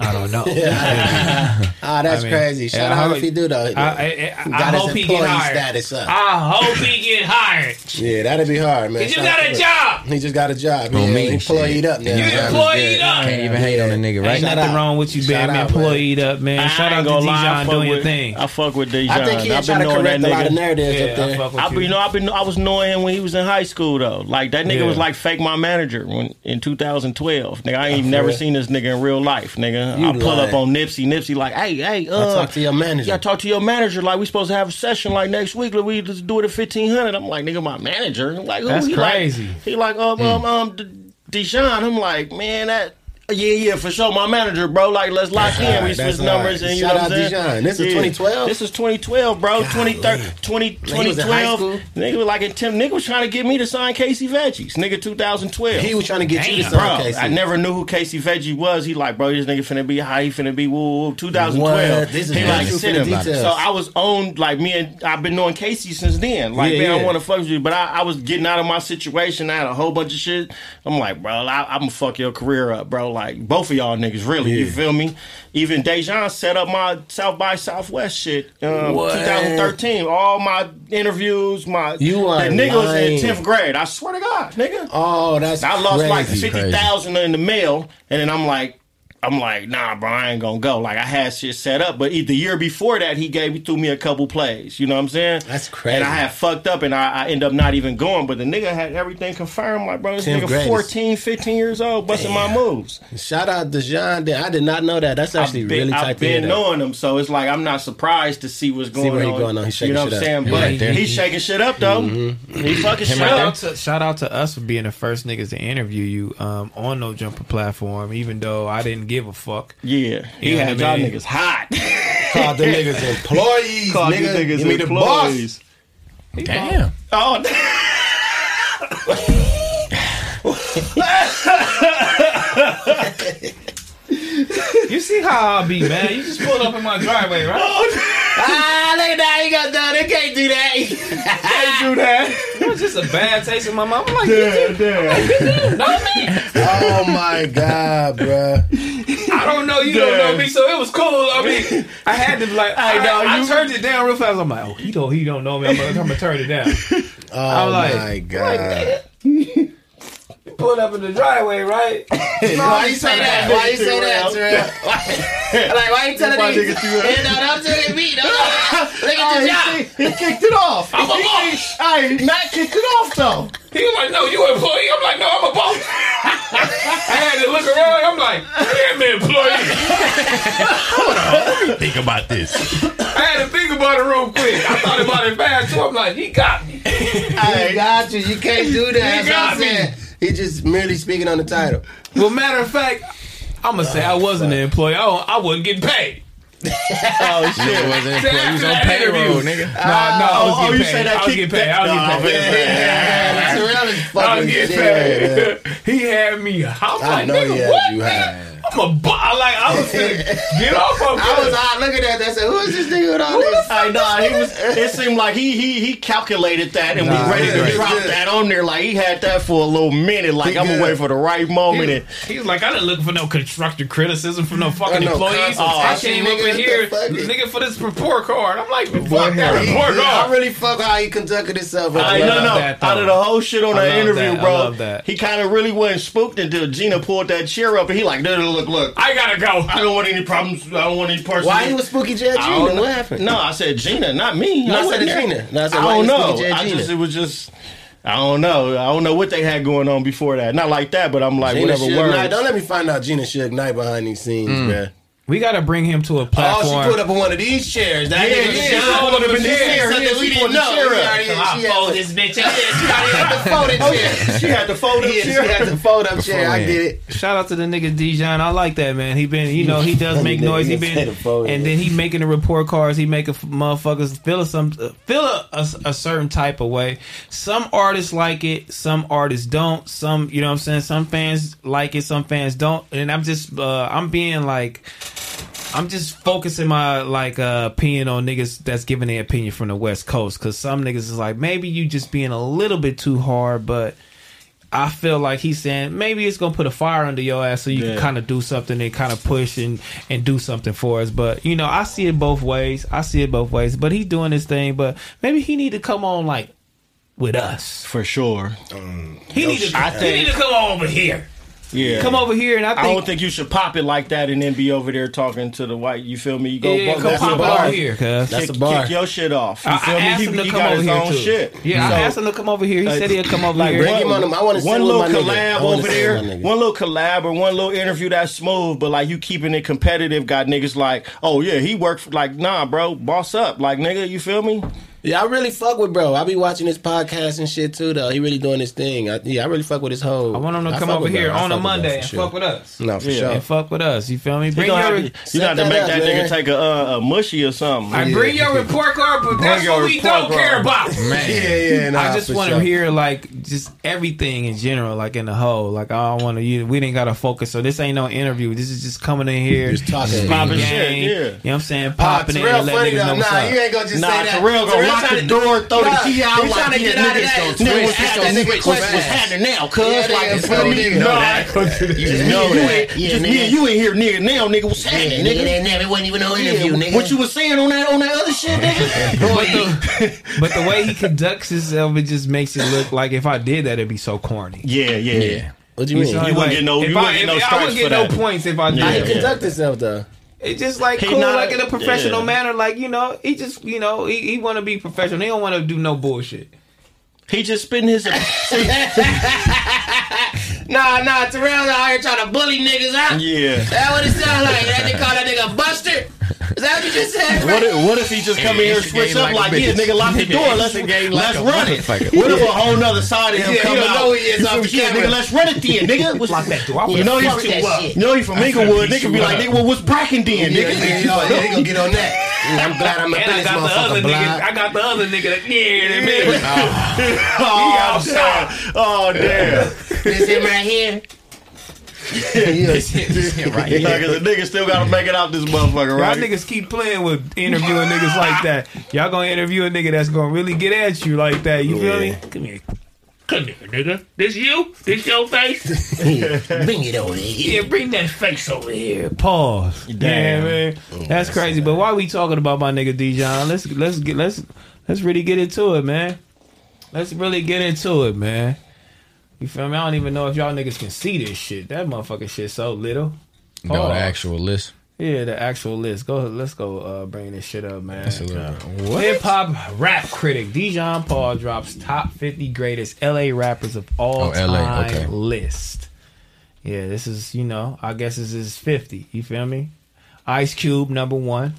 [SPEAKER 1] I don't know.
[SPEAKER 2] Ah, that's
[SPEAKER 1] I mean,
[SPEAKER 2] crazy.
[SPEAKER 1] yeah,
[SPEAKER 2] Shout
[SPEAKER 1] I
[SPEAKER 2] out
[SPEAKER 1] would-
[SPEAKER 2] if he do though.
[SPEAKER 1] I, I, I,
[SPEAKER 2] He
[SPEAKER 1] I
[SPEAKER 2] got his
[SPEAKER 1] hope he
[SPEAKER 2] employee
[SPEAKER 1] get hired.
[SPEAKER 2] status up.
[SPEAKER 1] I hope he get hired.
[SPEAKER 2] yeah, that'd be hard, man.
[SPEAKER 1] He just
[SPEAKER 2] Shout out
[SPEAKER 1] got a
[SPEAKER 2] to him.
[SPEAKER 1] job.
[SPEAKER 2] He just got a job. Yeah,
[SPEAKER 4] On me,
[SPEAKER 2] he employed
[SPEAKER 4] shit.
[SPEAKER 2] up now.
[SPEAKER 4] You
[SPEAKER 2] Yeah.
[SPEAKER 1] employed up.
[SPEAKER 4] Can't even hate on a nigga,
[SPEAKER 1] Ain't
[SPEAKER 4] right?
[SPEAKER 2] Shout
[SPEAKER 1] nothing
[SPEAKER 2] out.
[SPEAKER 1] wrong with you,
[SPEAKER 2] Shout
[SPEAKER 1] being
[SPEAKER 2] out,
[SPEAKER 1] employed up, man. Shout
[SPEAKER 3] I
[SPEAKER 1] out
[SPEAKER 3] ain't
[SPEAKER 1] to
[SPEAKER 3] gonna lie, I
[SPEAKER 1] Dijon
[SPEAKER 3] fuck
[SPEAKER 1] doing your
[SPEAKER 3] with-
[SPEAKER 1] thing.
[SPEAKER 3] I fuck with Dijon.
[SPEAKER 2] I think he
[SPEAKER 3] I've
[SPEAKER 2] trying
[SPEAKER 3] been
[SPEAKER 2] to
[SPEAKER 3] knowing that
[SPEAKER 2] correct a lot of
[SPEAKER 3] nigga.
[SPEAKER 2] narratives
[SPEAKER 1] Yeah,
[SPEAKER 2] up there.
[SPEAKER 1] I fuck with
[SPEAKER 3] I,
[SPEAKER 1] you.
[SPEAKER 3] be- you know, I've been, I was knowing him when he was in high school though. Like that nigga
[SPEAKER 1] Yeah.
[SPEAKER 3] was like fake my manager when in 2012. Nigga, I ain't never seen this nigga in real life. Nigga,
[SPEAKER 2] You
[SPEAKER 3] I pull
[SPEAKER 2] lying.
[SPEAKER 3] up on Nipsey. Nipsey like, hey, hey, uh,
[SPEAKER 2] talk to your manager.
[SPEAKER 3] Yeah, talk to your manager. Like we supposed to have a session like next week. Like we just do it at 1500. I'm like, nigga, my manager. I'm like, who?
[SPEAKER 1] That's
[SPEAKER 3] he
[SPEAKER 1] crazy.
[SPEAKER 3] Like, he like, um,
[SPEAKER 2] Hmm.
[SPEAKER 3] um, um, D- Deshaun. I'm like, man, that. Yeah, yeah, for sure. My manager, bro. Like, let's lock
[SPEAKER 2] That's
[SPEAKER 3] in.
[SPEAKER 2] all
[SPEAKER 3] we
[SPEAKER 2] right, that's
[SPEAKER 3] switch
[SPEAKER 2] all right.
[SPEAKER 3] numbers, and you
[SPEAKER 2] Shout
[SPEAKER 3] know what
[SPEAKER 2] out
[SPEAKER 3] I'm saying.
[SPEAKER 2] Dijon. This is 2012?
[SPEAKER 3] This is 2012, bro. 2013, 20,
[SPEAKER 2] He was in high
[SPEAKER 3] 2012.
[SPEAKER 2] school?
[SPEAKER 3] Nigga was like in Tim. Nigga was trying to get me to sign Casey Veggies. Nigga, 2012.
[SPEAKER 2] He was trying to get you to
[SPEAKER 3] Bro,
[SPEAKER 2] sign Casey.
[SPEAKER 3] I never knew who Casey Veggie was. He like, bro, this nigga finna be how he finna be. Woo, woo, 2012.
[SPEAKER 2] What? This is
[SPEAKER 3] he
[SPEAKER 2] not
[SPEAKER 3] like,
[SPEAKER 2] true
[SPEAKER 3] sit
[SPEAKER 2] for the
[SPEAKER 3] him.
[SPEAKER 2] details.
[SPEAKER 3] So I was on like me and I've been knowing Casey since then. Like,
[SPEAKER 2] Yeah,
[SPEAKER 3] man,
[SPEAKER 2] yeah.
[SPEAKER 3] I want to fuck with you, but I, I was getting out of my situation. I had a whole bunch of shit. I'm like, bro, I, I'm gonna fuck your career up, bro. Like both of y'all niggas, really. You feel me? Even Dejan set up my South by Southwest shit. Um, 2013. All my interviews, my
[SPEAKER 2] You are
[SPEAKER 3] that nigga was
[SPEAKER 2] lying.
[SPEAKER 3] in 10th grade. I swear to God, nigga.
[SPEAKER 2] Oh, that's
[SPEAKER 3] I lost
[SPEAKER 2] crazy.
[SPEAKER 3] like fifty thousand in the mail, and then I'm like, I'm like, nah, bro, I ain't gonna go. Like I had shit set up, but e- the year before that, he gave me threw me a couple plays. You know what I'm saying?
[SPEAKER 2] That's crazy.
[SPEAKER 3] And I had fucked up, and I, I end up not even going. But the nigga had everything confirmed. Like, bro, this
[SPEAKER 2] Tenth
[SPEAKER 3] nigga
[SPEAKER 2] grade is-
[SPEAKER 3] 14, 15 years old, busting my moves.
[SPEAKER 2] Shout out to John. I did not know that. That's actually
[SPEAKER 3] I've been,
[SPEAKER 2] really
[SPEAKER 3] I've
[SPEAKER 2] type
[SPEAKER 3] been
[SPEAKER 2] in.
[SPEAKER 3] knowing him, so it's like I'm not surprised to see what's going
[SPEAKER 2] where he
[SPEAKER 3] on.
[SPEAKER 2] going on. He's
[SPEAKER 3] you
[SPEAKER 2] shaking
[SPEAKER 3] know what
[SPEAKER 2] shit
[SPEAKER 3] I'm
[SPEAKER 2] up.
[SPEAKER 3] saying?
[SPEAKER 2] Yeah,
[SPEAKER 3] But
[SPEAKER 4] right there.
[SPEAKER 3] he's shaking shit up though.
[SPEAKER 2] Mm-hmm.
[SPEAKER 3] He fucking shit
[SPEAKER 1] Shout
[SPEAKER 3] up.
[SPEAKER 1] out, to, shout out to us for being the first niggas to interview you um, on No Jumper platform, even though I didn't give a fuck.
[SPEAKER 3] Yeah, he
[SPEAKER 1] You know
[SPEAKER 3] had
[SPEAKER 1] what I
[SPEAKER 3] y'all
[SPEAKER 1] mean?
[SPEAKER 3] niggas hot.
[SPEAKER 2] Called the niggas employees.
[SPEAKER 3] Called you
[SPEAKER 2] nigga.
[SPEAKER 3] niggas
[SPEAKER 2] you mean the boss?
[SPEAKER 3] employees.
[SPEAKER 4] Damn.
[SPEAKER 3] Oh,
[SPEAKER 1] You see how I be, man. You just pulled up in my driveway, right?
[SPEAKER 2] Ah, look at that. He got done. They can't do that.
[SPEAKER 3] do that.
[SPEAKER 1] It was just a bad taste in my mouth. I'm like, you
[SPEAKER 2] oh my god, bro.
[SPEAKER 1] just- I don't know, you don't know me, so it was cool. I mean, I had to like, I,
[SPEAKER 3] know,
[SPEAKER 1] I,
[SPEAKER 3] you-
[SPEAKER 1] turned it down real fast. I'm like, oh, he don't, he don't know me. I'm gonna, I'm gonna turn it down.
[SPEAKER 2] Oh
[SPEAKER 1] I'm like-
[SPEAKER 2] my god.
[SPEAKER 1] Pulled up in the driveway, right?
[SPEAKER 2] Why you say that? Why you say that, Terrell? Why- Like, why you telling these?
[SPEAKER 3] He
[SPEAKER 2] No, don't tell it me. No, look at the job.
[SPEAKER 3] kicked it off. I'm a boss. I ain't not kicked it off though.
[SPEAKER 1] He was like, no, you employee. I'm like, no, I'm a boss. I had to look around. I'm like, I am an employee.
[SPEAKER 10] Think about this.
[SPEAKER 1] I had to think about it real quick. I thought about it fast, too. I'm like, he got me.
[SPEAKER 2] I got you. You can't do that.
[SPEAKER 1] He got
[SPEAKER 2] That's what I'm
[SPEAKER 1] me.
[SPEAKER 2] saying. He just merely speaking on the title.
[SPEAKER 1] Well, matter of fact, I'm gonna say I wasn't an employee. I, wa- I wasn't getting paid.
[SPEAKER 3] oh shit!
[SPEAKER 6] Nigga wasn't employed. He was on payroll, nigga.
[SPEAKER 1] Nah, nah, I
[SPEAKER 2] Ah,
[SPEAKER 1] was
[SPEAKER 3] oh,
[SPEAKER 1] getting
[SPEAKER 3] you
[SPEAKER 1] paid.
[SPEAKER 3] say that
[SPEAKER 1] I was getting
[SPEAKER 3] kickback.
[SPEAKER 1] paid. I was
[SPEAKER 3] Nah,
[SPEAKER 1] getting paid.
[SPEAKER 3] man. Yeah,
[SPEAKER 1] I was
[SPEAKER 2] Terrell is fucking
[SPEAKER 1] getting
[SPEAKER 2] dead,
[SPEAKER 1] paid. He had me. I was
[SPEAKER 2] I
[SPEAKER 1] like,
[SPEAKER 2] know he
[SPEAKER 1] nigga,
[SPEAKER 2] had
[SPEAKER 1] what?
[SPEAKER 2] you high.
[SPEAKER 1] I'm a bo- I like I was finna get off of
[SPEAKER 2] I was
[SPEAKER 1] this.
[SPEAKER 2] high looking at that. I said, "Who is this nigga with all this?"
[SPEAKER 3] I know he was. It seemed like he he he calculated that and
[SPEAKER 2] Nah,
[SPEAKER 3] was ready
[SPEAKER 2] he was
[SPEAKER 3] to drop
[SPEAKER 2] good.
[SPEAKER 3] that on there. Like he had that for a little minute. Like
[SPEAKER 2] He
[SPEAKER 3] I'm gonna
[SPEAKER 2] good.
[SPEAKER 3] wait for the right moment.
[SPEAKER 1] He,
[SPEAKER 3] and
[SPEAKER 1] he was like, I didn't look for no constructive criticism from no fucking
[SPEAKER 2] no
[SPEAKER 1] employees. I
[SPEAKER 2] consultation,
[SPEAKER 1] came up
[SPEAKER 2] nigga,
[SPEAKER 1] in here,
[SPEAKER 2] what the fuck?
[SPEAKER 1] nigga, for this report card. I'm like, fuck that
[SPEAKER 2] He- he-
[SPEAKER 1] report
[SPEAKER 2] I
[SPEAKER 1] card.
[SPEAKER 2] really fuck how he conducted himself. with
[SPEAKER 3] I
[SPEAKER 2] the-
[SPEAKER 3] no, no.
[SPEAKER 1] that, though.
[SPEAKER 3] out of the whole shit on
[SPEAKER 1] I
[SPEAKER 3] that
[SPEAKER 1] love
[SPEAKER 3] interview,
[SPEAKER 1] that. I
[SPEAKER 3] bro,
[SPEAKER 1] love that.
[SPEAKER 3] he kind of really wasn't spooked until Gina pulled that chair up and he like, no, no, look, look,
[SPEAKER 1] I gotta go.
[SPEAKER 3] I don't want any problems. I don't want any personal.
[SPEAKER 2] Why he was spooky, Jed
[SPEAKER 3] I don't
[SPEAKER 2] Gina?
[SPEAKER 3] know.
[SPEAKER 2] What happened?
[SPEAKER 3] No, I said Gina, not me.
[SPEAKER 2] No, I said
[SPEAKER 3] wasn't
[SPEAKER 2] it's
[SPEAKER 3] there.
[SPEAKER 2] Gina. No, I said, why
[SPEAKER 3] don't
[SPEAKER 2] you
[SPEAKER 3] know.
[SPEAKER 2] speaking Jed
[SPEAKER 3] I
[SPEAKER 2] Gina?
[SPEAKER 3] just it was just. I don't know. I don't know what they had going on before that. Not like that, but I'm like
[SPEAKER 2] Gina
[SPEAKER 3] whatever
[SPEAKER 2] Suge Knight.
[SPEAKER 3] words.
[SPEAKER 2] Don't let me find out Gina Suge Knight behind these scenes,
[SPEAKER 1] Mm.
[SPEAKER 2] man.
[SPEAKER 1] We gotta bring him to a
[SPEAKER 2] Oh,
[SPEAKER 1] platform.
[SPEAKER 2] she put up in one of these chairs. That
[SPEAKER 3] Yeah,
[SPEAKER 2] nigga
[SPEAKER 3] yeah,
[SPEAKER 2] just
[SPEAKER 3] she
[SPEAKER 2] pulled
[SPEAKER 3] pulled up in
[SPEAKER 2] a
[SPEAKER 3] this chair.
[SPEAKER 2] Something
[SPEAKER 3] Yeah,
[SPEAKER 2] we
[SPEAKER 3] she
[SPEAKER 2] didn't
[SPEAKER 3] pulled the
[SPEAKER 2] know.
[SPEAKER 3] chair
[SPEAKER 2] She
[SPEAKER 3] up.
[SPEAKER 2] already-
[SPEAKER 8] I
[SPEAKER 2] she
[SPEAKER 8] fold
[SPEAKER 2] already-
[SPEAKER 8] this bitch up.
[SPEAKER 2] she already had the folded chair.
[SPEAKER 3] She had the fold up
[SPEAKER 2] Yeah,
[SPEAKER 3] chair.
[SPEAKER 2] she had the fold up chair. I
[SPEAKER 1] Beforehand.
[SPEAKER 2] get it.
[SPEAKER 1] Shout out to the nigga Dijon. I like that man. He been, you know, he does make noise. He been, and then he making the report cards. He making f- motherfuckers feel some feel a, a, a certain type of way. Some artists like it. Some artists don't. Some, you know, what I'm saying. Some fans like it. Some fans don't. And I'm just, uh, I'm being like. I'm just focusing my like uh, opinion on niggas that's giving their opinion from the West Coast because some niggas is like maybe you just being a little bit too hard, but I feel like he's saying maybe it's gonna put a fire under your ass so you can
[SPEAKER 3] Yeah.
[SPEAKER 1] kind of do something and kind of push and and do something for us. But you know I see it both ways. I see it both ways. But he's doing his thing. But maybe he need to come on like with us.
[SPEAKER 3] For sure.
[SPEAKER 1] He need to.
[SPEAKER 3] I
[SPEAKER 1] he need
[SPEAKER 3] think.
[SPEAKER 1] to come on over here.
[SPEAKER 3] Yeah.
[SPEAKER 1] Come over here and I
[SPEAKER 3] I
[SPEAKER 1] think.
[SPEAKER 3] don't think you should pop it like that and then be over there talking to the white. You feel me? You go
[SPEAKER 1] Yeah,
[SPEAKER 3] bump
[SPEAKER 1] come pop
[SPEAKER 3] that shit
[SPEAKER 1] it over
[SPEAKER 3] off.
[SPEAKER 1] here, cuz.
[SPEAKER 2] That's
[SPEAKER 3] kick,
[SPEAKER 2] a bar.
[SPEAKER 3] kick your shit off. You
[SPEAKER 1] I,
[SPEAKER 3] feel
[SPEAKER 1] I
[SPEAKER 3] me?
[SPEAKER 1] asked
[SPEAKER 3] He-
[SPEAKER 1] him to
[SPEAKER 3] he
[SPEAKER 1] come
[SPEAKER 3] got
[SPEAKER 1] over
[SPEAKER 3] his
[SPEAKER 1] here
[SPEAKER 3] own
[SPEAKER 1] too.
[SPEAKER 3] shit.
[SPEAKER 1] Yeah, I
[SPEAKER 3] So-
[SPEAKER 1] asked him to come over here. He
[SPEAKER 3] like-
[SPEAKER 1] said he'll come over
[SPEAKER 3] like
[SPEAKER 1] here.
[SPEAKER 2] bring him on. I want to
[SPEAKER 3] one little collab over there,
[SPEAKER 2] My nigga.
[SPEAKER 3] one little collab or one little interview that's smooth, but like you keeping it competitive, got niggas like, oh yeah, he worked for like, nah, bro, boss up, like nigga, you feel me?
[SPEAKER 2] Yeah, I really fuck with bro. I be watching his podcast and shit too, though. He really doing his thing. I, yeah, I really fuck with his whole.
[SPEAKER 1] I want him to come
[SPEAKER 2] fuck
[SPEAKER 1] over
[SPEAKER 2] with
[SPEAKER 1] here
[SPEAKER 2] bro. I
[SPEAKER 1] on a
[SPEAKER 2] fuck with bro, for
[SPEAKER 1] Monday and
[SPEAKER 2] sure.
[SPEAKER 1] fuck with us.
[SPEAKER 2] No, for
[SPEAKER 3] Yeah.
[SPEAKER 2] sure.
[SPEAKER 1] And fuck with us. You feel me?
[SPEAKER 3] You
[SPEAKER 1] Bring
[SPEAKER 3] gonna
[SPEAKER 1] your,
[SPEAKER 3] have to, you gonna have to
[SPEAKER 2] Set
[SPEAKER 3] make
[SPEAKER 2] that
[SPEAKER 3] that
[SPEAKER 2] up, man.
[SPEAKER 3] nigga take a, uh, a mushy or something.
[SPEAKER 1] I bring your report card, but that's
[SPEAKER 3] your
[SPEAKER 1] what we
[SPEAKER 3] report
[SPEAKER 1] don't
[SPEAKER 3] card.
[SPEAKER 1] care about.
[SPEAKER 2] Yeah, yeah. Nah,
[SPEAKER 1] I just
[SPEAKER 2] for
[SPEAKER 1] want
[SPEAKER 2] sure.
[SPEAKER 1] to hear like just everything in general, like in the whole. Like I don't want to. You, we didn't got to focus. So this ain't no interview. This is just coming in here,
[SPEAKER 2] Just talking.
[SPEAKER 1] spitting
[SPEAKER 3] Popping
[SPEAKER 1] game,
[SPEAKER 3] shit, yeah.
[SPEAKER 1] You know what I'm saying?
[SPEAKER 2] Ah,
[SPEAKER 1] Popping it
[SPEAKER 2] Terrell
[SPEAKER 1] and
[SPEAKER 2] funny
[SPEAKER 1] letting niggas
[SPEAKER 2] though.
[SPEAKER 1] know what's
[SPEAKER 2] Nah,
[SPEAKER 1] up.
[SPEAKER 2] you ain't gonna just
[SPEAKER 3] Nah,
[SPEAKER 2] say that.
[SPEAKER 3] Terrell gonna lock
[SPEAKER 2] trying
[SPEAKER 3] the
[SPEAKER 2] to-
[SPEAKER 3] door, throw
[SPEAKER 2] Nah,
[SPEAKER 3] the key out.
[SPEAKER 2] He trying
[SPEAKER 3] like,
[SPEAKER 2] to get
[SPEAKER 3] yeah,
[SPEAKER 2] out of
[SPEAKER 3] niggas
[SPEAKER 2] that.
[SPEAKER 3] gonna switch.
[SPEAKER 2] Nigga,
[SPEAKER 3] What's
[SPEAKER 2] ask that
[SPEAKER 3] happening?
[SPEAKER 2] nigga
[SPEAKER 3] What's- what's
[SPEAKER 2] questions.
[SPEAKER 3] happening now? Cuz
[SPEAKER 2] Yeah,
[SPEAKER 3] like,
[SPEAKER 2] yeah,
[SPEAKER 3] you feel
[SPEAKER 2] bro,
[SPEAKER 3] me?
[SPEAKER 2] you know
[SPEAKER 3] You know
[SPEAKER 2] that.
[SPEAKER 3] that. You
[SPEAKER 8] know
[SPEAKER 3] know
[SPEAKER 8] that.
[SPEAKER 3] that.
[SPEAKER 8] Yeah,
[SPEAKER 3] Just
[SPEAKER 8] nigga.
[SPEAKER 3] me and you in here, nigga. Now, nigga, what's
[SPEAKER 8] Yeah,
[SPEAKER 3] happening,
[SPEAKER 8] nigga,
[SPEAKER 3] nigga?
[SPEAKER 8] that never wasn't even no interview,
[SPEAKER 3] Yeah,
[SPEAKER 8] nigga.
[SPEAKER 3] What you was saying on that on that other shit, nigga?
[SPEAKER 1] But the, but the way he conducts himself, it just makes it look like if I did that, it'd be so corny.
[SPEAKER 3] Yeah, yeah, yeah.
[SPEAKER 2] What you mean?
[SPEAKER 1] know,
[SPEAKER 3] You wouldn't get no-
[SPEAKER 1] if
[SPEAKER 3] you
[SPEAKER 1] I-
[SPEAKER 3] wouldn't get
[SPEAKER 1] if-
[SPEAKER 3] no
[SPEAKER 1] I
[SPEAKER 3] stripes
[SPEAKER 1] wouldn't get
[SPEAKER 3] for
[SPEAKER 1] no
[SPEAKER 3] that.
[SPEAKER 1] points if I did.
[SPEAKER 2] Nah, he
[SPEAKER 1] that.
[SPEAKER 2] conduct himself though.
[SPEAKER 1] It's just like
[SPEAKER 3] He
[SPEAKER 1] cool,
[SPEAKER 3] not-
[SPEAKER 1] like in a professional
[SPEAKER 3] yeah.
[SPEAKER 1] manner. Like you know, he just you know he, he want to be professional. He don't want to do no bullshit.
[SPEAKER 3] He just spitting his.
[SPEAKER 8] Nah, nah, Terrell's out here trying to bully niggas out.
[SPEAKER 3] yeah.
[SPEAKER 8] That what it sound like. That they call that nigga Buster. Is that what you just said?
[SPEAKER 3] What if, what if he just come in here and switch
[SPEAKER 10] Instigate
[SPEAKER 3] up
[SPEAKER 10] like
[SPEAKER 3] like,
[SPEAKER 10] a
[SPEAKER 3] yeah,
[SPEAKER 10] bitch.
[SPEAKER 3] nigga, lock the door, let's,
[SPEAKER 10] Instigate like
[SPEAKER 3] let's
[SPEAKER 10] a
[SPEAKER 3] run it.
[SPEAKER 10] motherfucker.
[SPEAKER 3] What if a whole nother side of him
[SPEAKER 2] Yeah,
[SPEAKER 3] come
[SPEAKER 2] you don't
[SPEAKER 3] out?
[SPEAKER 2] know he is
[SPEAKER 3] You
[SPEAKER 2] off
[SPEAKER 3] feel me?
[SPEAKER 2] the
[SPEAKER 3] Yeah,
[SPEAKER 2] camera.
[SPEAKER 3] nigga, let's run it then, nigga. What's,
[SPEAKER 1] Lock that door. I
[SPEAKER 3] you know
[SPEAKER 8] fuck
[SPEAKER 3] he
[SPEAKER 8] that
[SPEAKER 3] from,
[SPEAKER 8] shit.
[SPEAKER 3] you know he from Inglewood. Nigga be like, nigga, well, what's Bracken then,
[SPEAKER 2] Yeah,
[SPEAKER 3] nigga?
[SPEAKER 2] yeah, you know, yeah, he gonna get on that. Yeah, I'm glad I'm up
[SPEAKER 1] And I
[SPEAKER 2] in this
[SPEAKER 1] got the other
[SPEAKER 2] motherfucker
[SPEAKER 1] nigga.
[SPEAKER 2] blind.
[SPEAKER 1] I got the other nigga. That, yeah, that man.
[SPEAKER 3] Oh, damn. Oh, damn.
[SPEAKER 8] This him right here.
[SPEAKER 3] Like, 'cause the nigga still gotta make it out this motherfucker,
[SPEAKER 1] Y'all
[SPEAKER 3] right?
[SPEAKER 1] niggas keep playing with interviewing niggas like that. Y'all gonna interview a nigga that's gonna really get at you like that. You feel me?
[SPEAKER 8] Come here. Come here, nigga. This you? This your face? Bring it over here. Yeah, bring that face over here.
[SPEAKER 1] Pause.
[SPEAKER 3] Damn.
[SPEAKER 1] Damn, man, Oh, that's crazy. But why we talking about my nigga Dijon? Let's let's get let's let's really get into it, man. Let's really get into it, man. You feel me? I don't even know if y'all niggas can see this shit. That motherfucking shit so little.
[SPEAKER 10] No,
[SPEAKER 1] Pause.
[SPEAKER 10] the actual list.
[SPEAKER 1] Yeah, the actual list. Go, let's go. Uh, bring this shit up, man.
[SPEAKER 10] It's a little bit.
[SPEAKER 1] Hip hop rap critic Dijon Paul drops top 50 greatest LA rappers of all
[SPEAKER 10] Oh, LA,
[SPEAKER 1] time
[SPEAKER 10] okay.
[SPEAKER 1] list. Yeah, this is, you know, I guess this is 50. You feel me? Ice Cube, number one.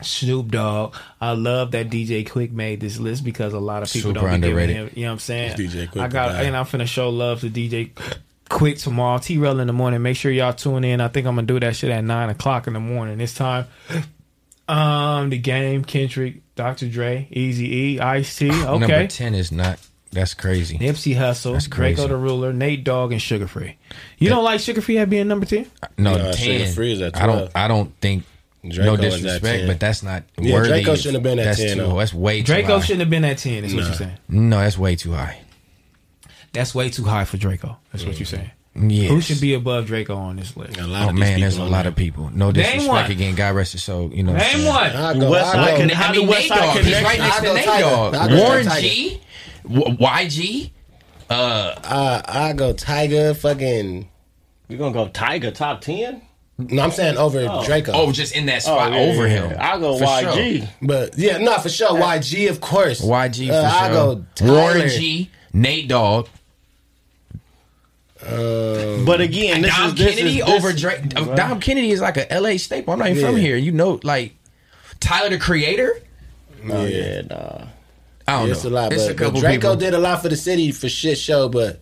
[SPEAKER 1] Snoop Dogg. I love that DJ Quick made this list because a lot of people
[SPEAKER 10] Super
[SPEAKER 1] don't be giving
[SPEAKER 10] underrated.
[SPEAKER 1] him. You know what I'm saying?
[SPEAKER 2] DJ Quick
[SPEAKER 1] I got,
[SPEAKER 2] guy.
[SPEAKER 1] and I'm finna show love to DJ quick tomorrow. T Rail in the morning. Make sure y'all tune in. I think I'm gonna do that shit at nine o'clock in the morning. This time, um, the game, Kendrick, Dr. Dre, Easy E, Ice T.
[SPEAKER 5] Ah, Number
[SPEAKER 1] Okay,
[SPEAKER 5] ten is not. That's crazy.
[SPEAKER 1] Nipsey Hussle,
[SPEAKER 5] That's crazy.
[SPEAKER 1] Draco the Ruler, Nate Dogg, and Sugar Free. You don't like Sugar Free at being number ten?
[SPEAKER 5] No,
[SPEAKER 2] Nah,
[SPEAKER 5] ten.
[SPEAKER 2] Sugar Free is at
[SPEAKER 5] I
[SPEAKER 2] 12.
[SPEAKER 5] don't. I don't think.
[SPEAKER 2] Draco
[SPEAKER 5] no
[SPEAKER 2] is at
[SPEAKER 5] disrespect,
[SPEAKER 2] 10.
[SPEAKER 5] but that's not
[SPEAKER 2] Yeah,
[SPEAKER 5] worthy.
[SPEAKER 2] Draco shouldn't have been at
[SPEAKER 5] that's
[SPEAKER 2] 10,
[SPEAKER 5] Too,
[SPEAKER 2] though.
[SPEAKER 5] that's way too
[SPEAKER 1] Draco
[SPEAKER 5] high.
[SPEAKER 1] shouldn't have been at ten. Is what you're saying?
[SPEAKER 5] No, that's way too high.
[SPEAKER 1] That's way too high for Draco. That's what you're saying.
[SPEAKER 5] Yes.
[SPEAKER 1] Who should be above Draco on this list?
[SPEAKER 5] Oh man, there's a lot of people. No
[SPEAKER 1] Name
[SPEAKER 5] disrespect
[SPEAKER 1] one.
[SPEAKER 5] again. God rest his soul. You know. what I'm
[SPEAKER 1] Name
[SPEAKER 5] saying?
[SPEAKER 1] one.
[SPEAKER 3] West Side Conne-
[SPEAKER 4] I
[SPEAKER 3] how
[SPEAKER 4] mean,
[SPEAKER 3] the West
[SPEAKER 4] Nate Dogg.
[SPEAKER 3] Side
[SPEAKER 4] He's right
[SPEAKER 3] Connection.
[SPEAKER 4] next
[SPEAKER 3] I
[SPEAKER 4] to
[SPEAKER 3] go
[SPEAKER 4] Nate
[SPEAKER 3] Tiger.
[SPEAKER 4] Dog.
[SPEAKER 3] I go
[SPEAKER 4] Warren
[SPEAKER 3] Tiger.
[SPEAKER 4] G, W- YG. Uh,
[SPEAKER 2] uh, I go Tiger. Fucking.
[SPEAKER 3] You're gonna go Tiger top ten?
[SPEAKER 2] No, I'm saying over
[SPEAKER 3] Oh.
[SPEAKER 2] Draco.
[SPEAKER 4] Oh, just in that spot
[SPEAKER 3] Oh, yeah,
[SPEAKER 4] over
[SPEAKER 3] yeah,
[SPEAKER 4] him.
[SPEAKER 3] yeah. I'll go YG.
[SPEAKER 2] But yeah, no, for sure. YG, of course.
[SPEAKER 5] YG for
[SPEAKER 2] Uh, I
[SPEAKER 5] sure.
[SPEAKER 2] go Tyler.
[SPEAKER 5] Warren G, Nate Dogg.
[SPEAKER 3] But again, this
[SPEAKER 5] Dom
[SPEAKER 3] is- this
[SPEAKER 5] Kennedy
[SPEAKER 3] is- this-
[SPEAKER 5] over Drake. Dom Dom Kennedy is like a LA staple. I'm not even from
[SPEAKER 3] Yeah.
[SPEAKER 5] here. You know, like Tyler the Creator.
[SPEAKER 3] No, yeah,
[SPEAKER 5] I
[SPEAKER 3] nah.
[SPEAKER 5] don't
[SPEAKER 2] Yeah,
[SPEAKER 5] know.
[SPEAKER 2] It's a lot,
[SPEAKER 5] It's
[SPEAKER 2] but,
[SPEAKER 5] a couple
[SPEAKER 2] but Draco
[SPEAKER 5] people.
[SPEAKER 2] did a lot for the city for shit show, but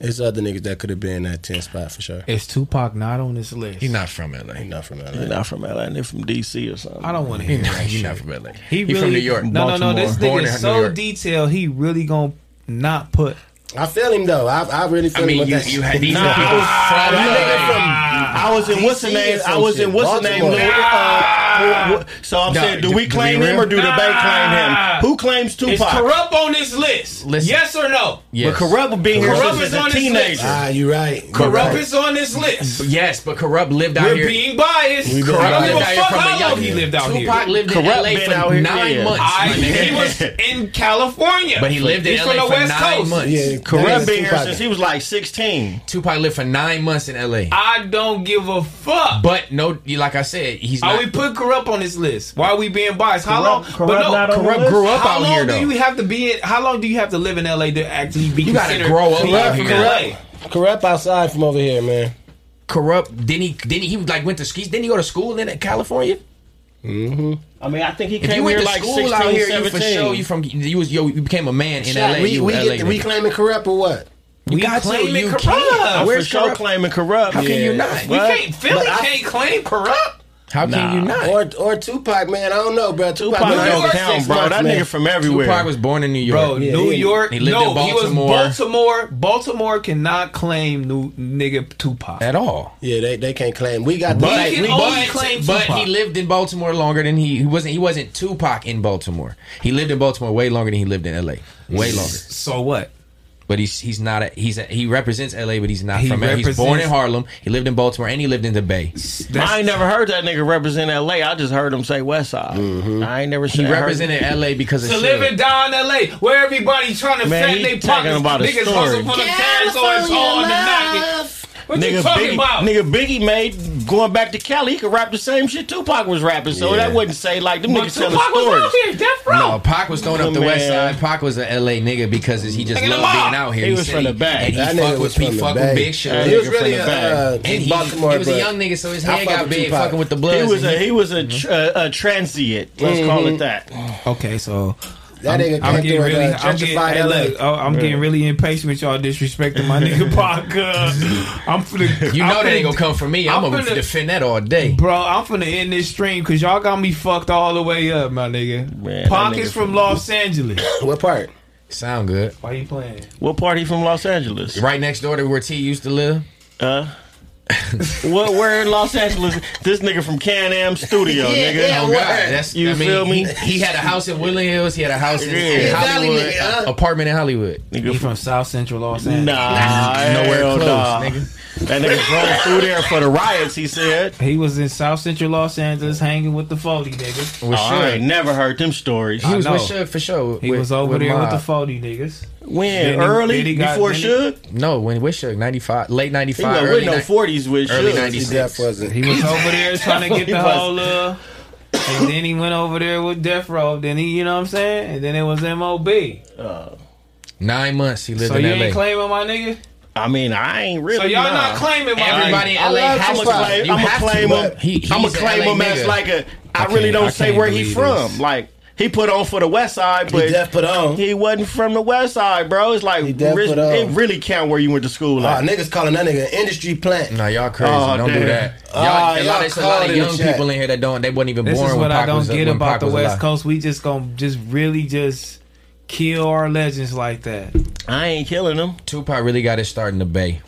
[SPEAKER 2] it's other niggas that could have been that 10 spot for sure.
[SPEAKER 1] Is Tupac not on this list?
[SPEAKER 5] He's not from LA.
[SPEAKER 2] He not from LA.
[SPEAKER 3] They're not from LA. They're from DC or something.
[SPEAKER 1] I don't want to hear that.
[SPEAKER 5] He's
[SPEAKER 1] shit.
[SPEAKER 5] not from LA.
[SPEAKER 1] He
[SPEAKER 5] He
[SPEAKER 1] really
[SPEAKER 5] from New York.
[SPEAKER 1] No, no, no. This
[SPEAKER 5] Baltimore. Born
[SPEAKER 1] nigga
[SPEAKER 5] in
[SPEAKER 1] is
[SPEAKER 5] New
[SPEAKER 1] so
[SPEAKER 5] York.
[SPEAKER 1] detailed. He really gonna not put.
[SPEAKER 2] I feel him though. I, I really feel
[SPEAKER 5] I mean,
[SPEAKER 2] him.
[SPEAKER 5] you, you had these
[SPEAKER 2] nah,
[SPEAKER 5] are people from
[SPEAKER 3] Nah. I was in
[SPEAKER 2] DC
[SPEAKER 3] what's the name?
[SPEAKER 2] is
[SPEAKER 3] I
[SPEAKER 2] some
[SPEAKER 3] was in
[SPEAKER 2] shit.
[SPEAKER 3] what's the name?
[SPEAKER 2] Baltimore.
[SPEAKER 3] Lil- uh, wh- wh- So I'm
[SPEAKER 5] Nah,
[SPEAKER 3] saying, do
[SPEAKER 5] do-
[SPEAKER 3] we
[SPEAKER 5] do
[SPEAKER 3] claim
[SPEAKER 5] we
[SPEAKER 3] him or do the
[SPEAKER 1] really?
[SPEAKER 3] bank claim
[SPEAKER 1] Nah.
[SPEAKER 3] him? Who claims
[SPEAKER 1] Is
[SPEAKER 3] Tupac?
[SPEAKER 1] corrupt on this list?
[SPEAKER 5] Listen.
[SPEAKER 1] Yes or no?
[SPEAKER 5] Yes.
[SPEAKER 3] But corrupt being here
[SPEAKER 1] Corrupt
[SPEAKER 3] since
[SPEAKER 1] is on
[SPEAKER 3] as a
[SPEAKER 1] this list.
[SPEAKER 3] teenager.
[SPEAKER 2] Ah, you right.
[SPEAKER 1] Corrupt is on this list.
[SPEAKER 4] yes, but corrupt lived out
[SPEAKER 1] We're
[SPEAKER 4] here.
[SPEAKER 1] being biased.
[SPEAKER 2] We been
[SPEAKER 1] I don't
[SPEAKER 4] Corrupt
[SPEAKER 1] give
[SPEAKER 4] lived
[SPEAKER 1] a
[SPEAKER 4] out here
[SPEAKER 1] fuck
[SPEAKER 4] from a
[SPEAKER 1] how long
[SPEAKER 4] young
[SPEAKER 1] he lived out here.
[SPEAKER 4] Tupac lived in
[SPEAKER 3] Corrupt
[SPEAKER 4] LA
[SPEAKER 3] been
[SPEAKER 4] for
[SPEAKER 3] out here,
[SPEAKER 4] nine
[SPEAKER 3] yeah.
[SPEAKER 4] months.
[SPEAKER 1] I,
[SPEAKER 4] my nigga.
[SPEAKER 1] he was in California,
[SPEAKER 4] But he lived in
[SPEAKER 1] He's from
[SPEAKER 4] LA
[SPEAKER 1] the
[SPEAKER 4] for
[SPEAKER 1] West
[SPEAKER 4] nine
[SPEAKER 1] Coast.
[SPEAKER 4] months.
[SPEAKER 2] Yeah,
[SPEAKER 3] Corrupt
[SPEAKER 2] that's
[SPEAKER 3] being here
[SPEAKER 2] Tupac.
[SPEAKER 3] since he was like 16.
[SPEAKER 4] Tupac lived for nine months in LA.
[SPEAKER 1] I don't give a fuck.
[SPEAKER 4] But no, you- like I said, he's
[SPEAKER 1] Are
[SPEAKER 4] not.
[SPEAKER 1] we putting corrupt on this list? Why are we being biased? How long?
[SPEAKER 10] Corrupt-
[SPEAKER 1] but
[SPEAKER 10] corrupt not
[SPEAKER 1] no,
[SPEAKER 10] on the
[SPEAKER 1] corrupt
[SPEAKER 10] list?
[SPEAKER 1] grew up
[SPEAKER 4] out
[SPEAKER 1] how long
[SPEAKER 4] here,
[SPEAKER 1] do
[SPEAKER 4] though.
[SPEAKER 1] you have to be in? How long do you have to live in LA to actually be?
[SPEAKER 4] You gotta
[SPEAKER 1] considered
[SPEAKER 4] grow up
[SPEAKER 1] corrupt
[SPEAKER 4] out
[SPEAKER 1] from
[SPEAKER 4] here.
[SPEAKER 1] LA?
[SPEAKER 2] Corrupt outside from over here, man.
[SPEAKER 4] corrupt. Didn't he? Didn't he? He like went to skis. Didn't he go to school in California?
[SPEAKER 3] I mean, I think he
[SPEAKER 4] If you
[SPEAKER 3] came
[SPEAKER 4] went
[SPEAKER 3] here
[SPEAKER 4] to
[SPEAKER 3] like
[SPEAKER 4] school
[SPEAKER 3] 16,
[SPEAKER 4] out here, you for
[SPEAKER 3] 17.
[SPEAKER 4] sure you from you was yo you became a man in
[SPEAKER 2] Shaq,
[SPEAKER 4] LA.
[SPEAKER 2] we,
[SPEAKER 4] you
[SPEAKER 2] we,
[SPEAKER 4] LA
[SPEAKER 2] get, we claiming corrupt or what?
[SPEAKER 4] you got to.
[SPEAKER 1] claiming
[SPEAKER 4] You
[SPEAKER 1] corrupt.
[SPEAKER 4] can't.
[SPEAKER 3] I'm for
[SPEAKER 4] Where's
[SPEAKER 3] sure
[SPEAKER 4] corrupt?
[SPEAKER 3] claiming corrupt.
[SPEAKER 4] How can you not?
[SPEAKER 1] We
[SPEAKER 3] What?
[SPEAKER 1] can't. Philly
[SPEAKER 2] But I-
[SPEAKER 1] can't claim corrupt.
[SPEAKER 4] How can you not?
[SPEAKER 2] Or or Tupac, man. I don't know, bro. Tupac,
[SPEAKER 3] Tupac
[SPEAKER 2] was
[SPEAKER 3] don't
[SPEAKER 2] over
[SPEAKER 3] count,
[SPEAKER 2] six
[SPEAKER 3] bro.
[SPEAKER 2] months,
[SPEAKER 3] That
[SPEAKER 2] man.
[SPEAKER 3] nigga from everywhere.
[SPEAKER 4] Tupac was born in New York.
[SPEAKER 1] Bro, New
[SPEAKER 2] he-
[SPEAKER 1] York.
[SPEAKER 4] he lived
[SPEAKER 1] no,
[SPEAKER 4] in Baltimore.
[SPEAKER 1] he was Baltimore. Baltimore cannot claim new nigga Tupac.
[SPEAKER 5] at all.
[SPEAKER 2] Yeah, they, they can't claim. We got
[SPEAKER 1] But-
[SPEAKER 2] like,
[SPEAKER 1] He can
[SPEAKER 2] we-
[SPEAKER 1] only
[SPEAKER 2] but-
[SPEAKER 1] claim
[SPEAKER 4] but
[SPEAKER 1] Tupac.
[SPEAKER 4] he lived in Baltimore longer than he he wasn't. He wasn't Tupac in Baltimore. He lived in Baltimore way longer than he lived in L.A. Way longer.
[SPEAKER 1] So what?
[SPEAKER 4] But he's he's not a, he's a, he represents L.A. But he's not
[SPEAKER 1] He
[SPEAKER 4] from L.A. He's born
[SPEAKER 1] represents-
[SPEAKER 4] in Harlem. He lived in Baltimore and he lived in the Bay.
[SPEAKER 3] I ain't never heard that nigga represent LA. I just heard him say West Side. I ain't never
[SPEAKER 4] Mm-hmm. He
[SPEAKER 3] seen
[SPEAKER 4] represented L.A. because of
[SPEAKER 1] To
[SPEAKER 4] Suge.
[SPEAKER 1] live and die in LA, where everybody trying to
[SPEAKER 3] Man,
[SPEAKER 1] fatten
[SPEAKER 3] he
[SPEAKER 1] their
[SPEAKER 3] talking
[SPEAKER 1] pockets.
[SPEAKER 3] about a
[SPEAKER 1] Niggas
[SPEAKER 3] story.
[SPEAKER 1] hustle for them territories all in the knocking. What
[SPEAKER 3] Nigga
[SPEAKER 1] you talking
[SPEAKER 3] Biggie,
[SPEAKER 1] about?
[SPEAKER 3] nigga Biggie made going back to Cali. He could rap the same shit Tupac was rapping, so
[SPEAKER 2] Yeah.
[SPEAKER 3] that wouldn't say like them
[SPEAKER 1] But
[SPEAKER 3] niggas telling
[SPEAKER 1] Tupac was out
[SPEAKER 3] stories.
[SPEAKER 1] here, death row.
[SPEAKER 4] No, Pac was thrown up the
[SPEAKER 3] Man.
[SPEAKER 4] West Side. Pac was an LA nigga because he just
[SPEAKER 1] Nigga,
[SPEAKER 4] loved
[SPEAKER 1] Lamar.
[SPEAKER 4] being out here.
[SPEAKER 3] He was
[SPEAKER 4] said
[SPEAKER 3] from the Bay.
[SPEAKER 4] And he
[SPEAKER 2] That nigga
[SPEAKER 4] fucked
[SPEAKER 2] was
[SPEAKER 4] with, he
[SPEAKER 2] from the
[SPEAKER 4] fucked
[SPEAKER 2] Bay.
[SPEAKER 4] with Big
[SPEAKER 2] Uh,
[SPEAKER 4] Shot.
[SPEAKER 2] he was
[SPEAKER 4] Nigga from
[SPEAKER 2] really
[SPEAKER 4] the
[SPEAKER 2] a,
[SPEAKER 4] Bay.
[SPEAKER 2] uh,
[SPEAKER 4] and he,
[SPEAKER 2] Baltimore,
[SPEAKER 4] he was
[SPEAKER 2] but-
[SPEAKER 4] a young nigga, so his
[SPEAKER 2] I
[SPEAKER 4] head
[SPEAKER 2] fuck
[SPEAKER 4] got
[SPEAKER 2] with
[SPEAKER 4] big,
[SPEAKER 2] Tupac.
[SPEAKER 4] fucking with the
[SPEAKER 3] He
[SPEAKER 4] blood.
[SPEAKER 3] was a he was a, tr- a, a transient. Let's call
[SPEAKER 4] Mm-hmm.
[SPEAKER 3] it that.
[SPEAKER 1] Okay, so
[SPEAKER 2] That nigga
[SPEAKER 1] I'm
[SPEAKER 2] came
[SPEAKER 1] getting
[SPEAKER 2] through
[SPEAKER 1] really,
[SPEAKER 2] and uh,
[SPEAKER 1] I'm getting, hey,
[SPEAKER 2] gentrified LA.
[SPEAKER 1] look, I- I'm getting really impatient with y'all disrespecting my nigga Pac. uh, I'm finna,
[SPEAKER 4] you
[SPEAKER 1] I'm
[SPEAKER 4] know that
[SPEAKER 1] finna-
[SPEAKER 4] ain't gonna come from me. I'm,
[SPEAKER 1] I'm
[SPEAKER 4] gonna
[SPEAKER 1] finna-
[SPEAKER 4] defend that all day.
[SPEAKER 1] Bro, I'm finna end this stream because y'all got me fucked all the way up, my nigga. Pockets
[SPEAKER 3] Man, that
[SPEAKER 1] Pac
[SPEAKER 3] nigga
[SPEAKER 1] is from Los Angeles.
[SPEAKER 2] What part?
[SPEAKER 4] Sound good.
[SPEAKER 1] Why you playing?
[SPEAKER 3] What part he from Los Angeles?
[SPEAKER 4] Right next door to where T used to live.
[SPEAKER 3] Uh, what where in Los Angeles? This nigga from Can Am Studio, nigga.
[SPEAKER 4] Oh God, that's
[SPEAKER 3] You
[SPEAKER 4] I mean,
[SPEAKER 3] feel me?
[SPEAKER 4] He, he had a house in Woodland Hills. He had a house in, in
[SPEAKER 3] Yeah.
[SPEAKER 4] Hollywood,
[SPEAKER 2] Valley nigga,
[SPEAKER 6] uh,
[SPEAKER 2] huh?
[SPEAKER 4] apartment in Hollywood.
[SPEAKER 1] He from South Central Los Angeles.
[SPEAKER 3] Nah,
[SPEAKER 4] Nowhere
[SPEAKER 3] hell
[SPEAKER 4] close,
[SPEAKER 3] nah.
[SPEAKER 4] nigga.
[SPEAKER 3] That nigga drove through there for the riots. He said.
[SPEAKER 1] He was in South Central Los Angeles hanging with the Foley niggas.
[SPEAKER 4] For
[SPEAKER 3] Oh, I ain't
[SPEAKER 4] sure.
[SPEAKER 3] never heard them stories.
[SPEAKER 4] He was
[SPEAKER 1] I
[SPEAKER 4] with
[SPEAKER 1] know.
[SPEAKER 4] Suge for sure.
[SPEAKER 1] He
[SPEAKER 4] with-
[SPEAKER 1] was over there with
[SPEAKER 4] Mob.
[SPEAKER 1] the Foley niggas.
[SPEAKER 3] When
[SPEAKER 1] Then he-
[SPEAKER 3] early
[SPEAKER 1] then he got-
[SPEAKER 3] before
[SPEAKER 1] then he-
[SPEAKER 3] Suge,
[SPEAKER 4] No, when with Suge, 95, late
[SPEAKER 3] he
[SPEAKER 4] 95,
[SPEAKER 3] wasn't
[SPEAKER 4] early
[SPEAKER 3] with no
[SPEAKER 4] 90
[SPEAKER 3] forties with
[SPEAKER 4] early
[SPEAKER 3] Suge.
[SPEAKER 4] 90s.
[SPEAKER 2] He deaf wasn't.
[SPEAKER 1] He was over there trying to get the
[SPEAKER 3] He was.
[SPEAKER 1] whole uh and then he went over there with Death Row. Then he, you know what I'm saying? And then it was MOB.
[SPEAKER 4] Nine months he lived
[SPEAKER 1] So
[SPEAKER 4] in
[SPEAKER 1] you
[SPEAKER 4] LA.
[SPEAKER 1] ain't claiming my nigga?
[SPEAKER 3] I mean, I ain't really.
[SPEAKER 1] So y'all
[SPEAKER 3] nah.
[SPEAKER 1] not claiming my
[SPEAKER 4] Everybody
[SPEAKER 1] nigga.
[SPEAKER 4] in LA
[SPEAKER 2] love
[SPEAKER 4] has
[SPEAKER 2] Tupac.
[SPEAKER 4] to.
[SPEAKER 3] I'm
[SPEAKER 4] You
[SPEAKER 3] gonna
[SPEAKER 4] have to,
[SPEAKER 3] claim
[SPEAKER 4] but
[SPEAKER 3] him.
[SPEAKER 4] He,
[SPEAKER 3] I'm
[SPEAKER 4] he's
[SPEAKER 3] gonna
[SPEAKER 4] an
[SPEAKER 3] claim
[SPEAKER 4] LA
[SPEAKER 3] him as
[SPEAKER 4] nigga.
[SPEAKER 3] like a. I,
[SPEAKER 4] I
[SPEAKER 3] really
[SPEAKER 4] can't-
[SPEAKER 3] don't
[SPEAKER 4] I
[SPEAKER 3] say
[SPEAKER 4] can't
[SPEAKER 3] where he
[SPEAKER 4] believe
[SPEAKER 3] from.
[SPEAKER 4] this.
[SPEAKER 3] Like He put on for the West Side, but
[SPEAKER 2] def put on.
[SPEAKER 3] He wasn't from the West Side, bro. It's like
[SPEAKER 2] def
[SPEAKER 3] re-
[SPEAKER 2] put on.
[SPEAKER 3] it really count where you went to school.
[SPEAKER 4] Oh,
[SPEAKER 2] Ah,
[SPEAKER 3] Like.
[SPEAKER 2] niggas calling that nigga an industry plant.
[SPEAKER 4] Nah, y'all crazy.
[SPEAKER 3] Oh,
[SPEAKER 4] don't
[SPEAKER 3] damn.
[SPEAKER 4] do that.
[SPEAKER 2] Oh,
[SPEAKER 4] Y'all, a
[SPEAKER 2] y'all
[SPEAKER 4] lot, there's a lot
[SPEAKER 2] caught
[SPEAKER 4] of
[SPEAKER 2] in
[SPEAKER 4] young
[SPEAKER 2] the chat.
[SPEAKER 4] people in here that don't. They wasn't even
[SPEAKER 1] This
[SPEAKER 4] born
[SPEAKER 1] is
[SPEAKER 4] when
[SPEAKER 1] what
[SPEAKER 4] Pac
[SPEAKER 1] I don't
[SPEAKER 4] was
[SPEAKER 1] get
[SPEAKER 4] when
[SPEAKER 1] about
[SPEAKER 4] Pac
[SPEAKER 1] the
[SPEAKER 4] was
[SPEAKER 1] West
[SPEAKER 4] alive.
[SPEAKER 1] Coast. We just gonna just really just kill our legends like that.
[SPEAKER 3] I ain't killing them.
[SPEAKER 4] Tupac really got his start in the Bay.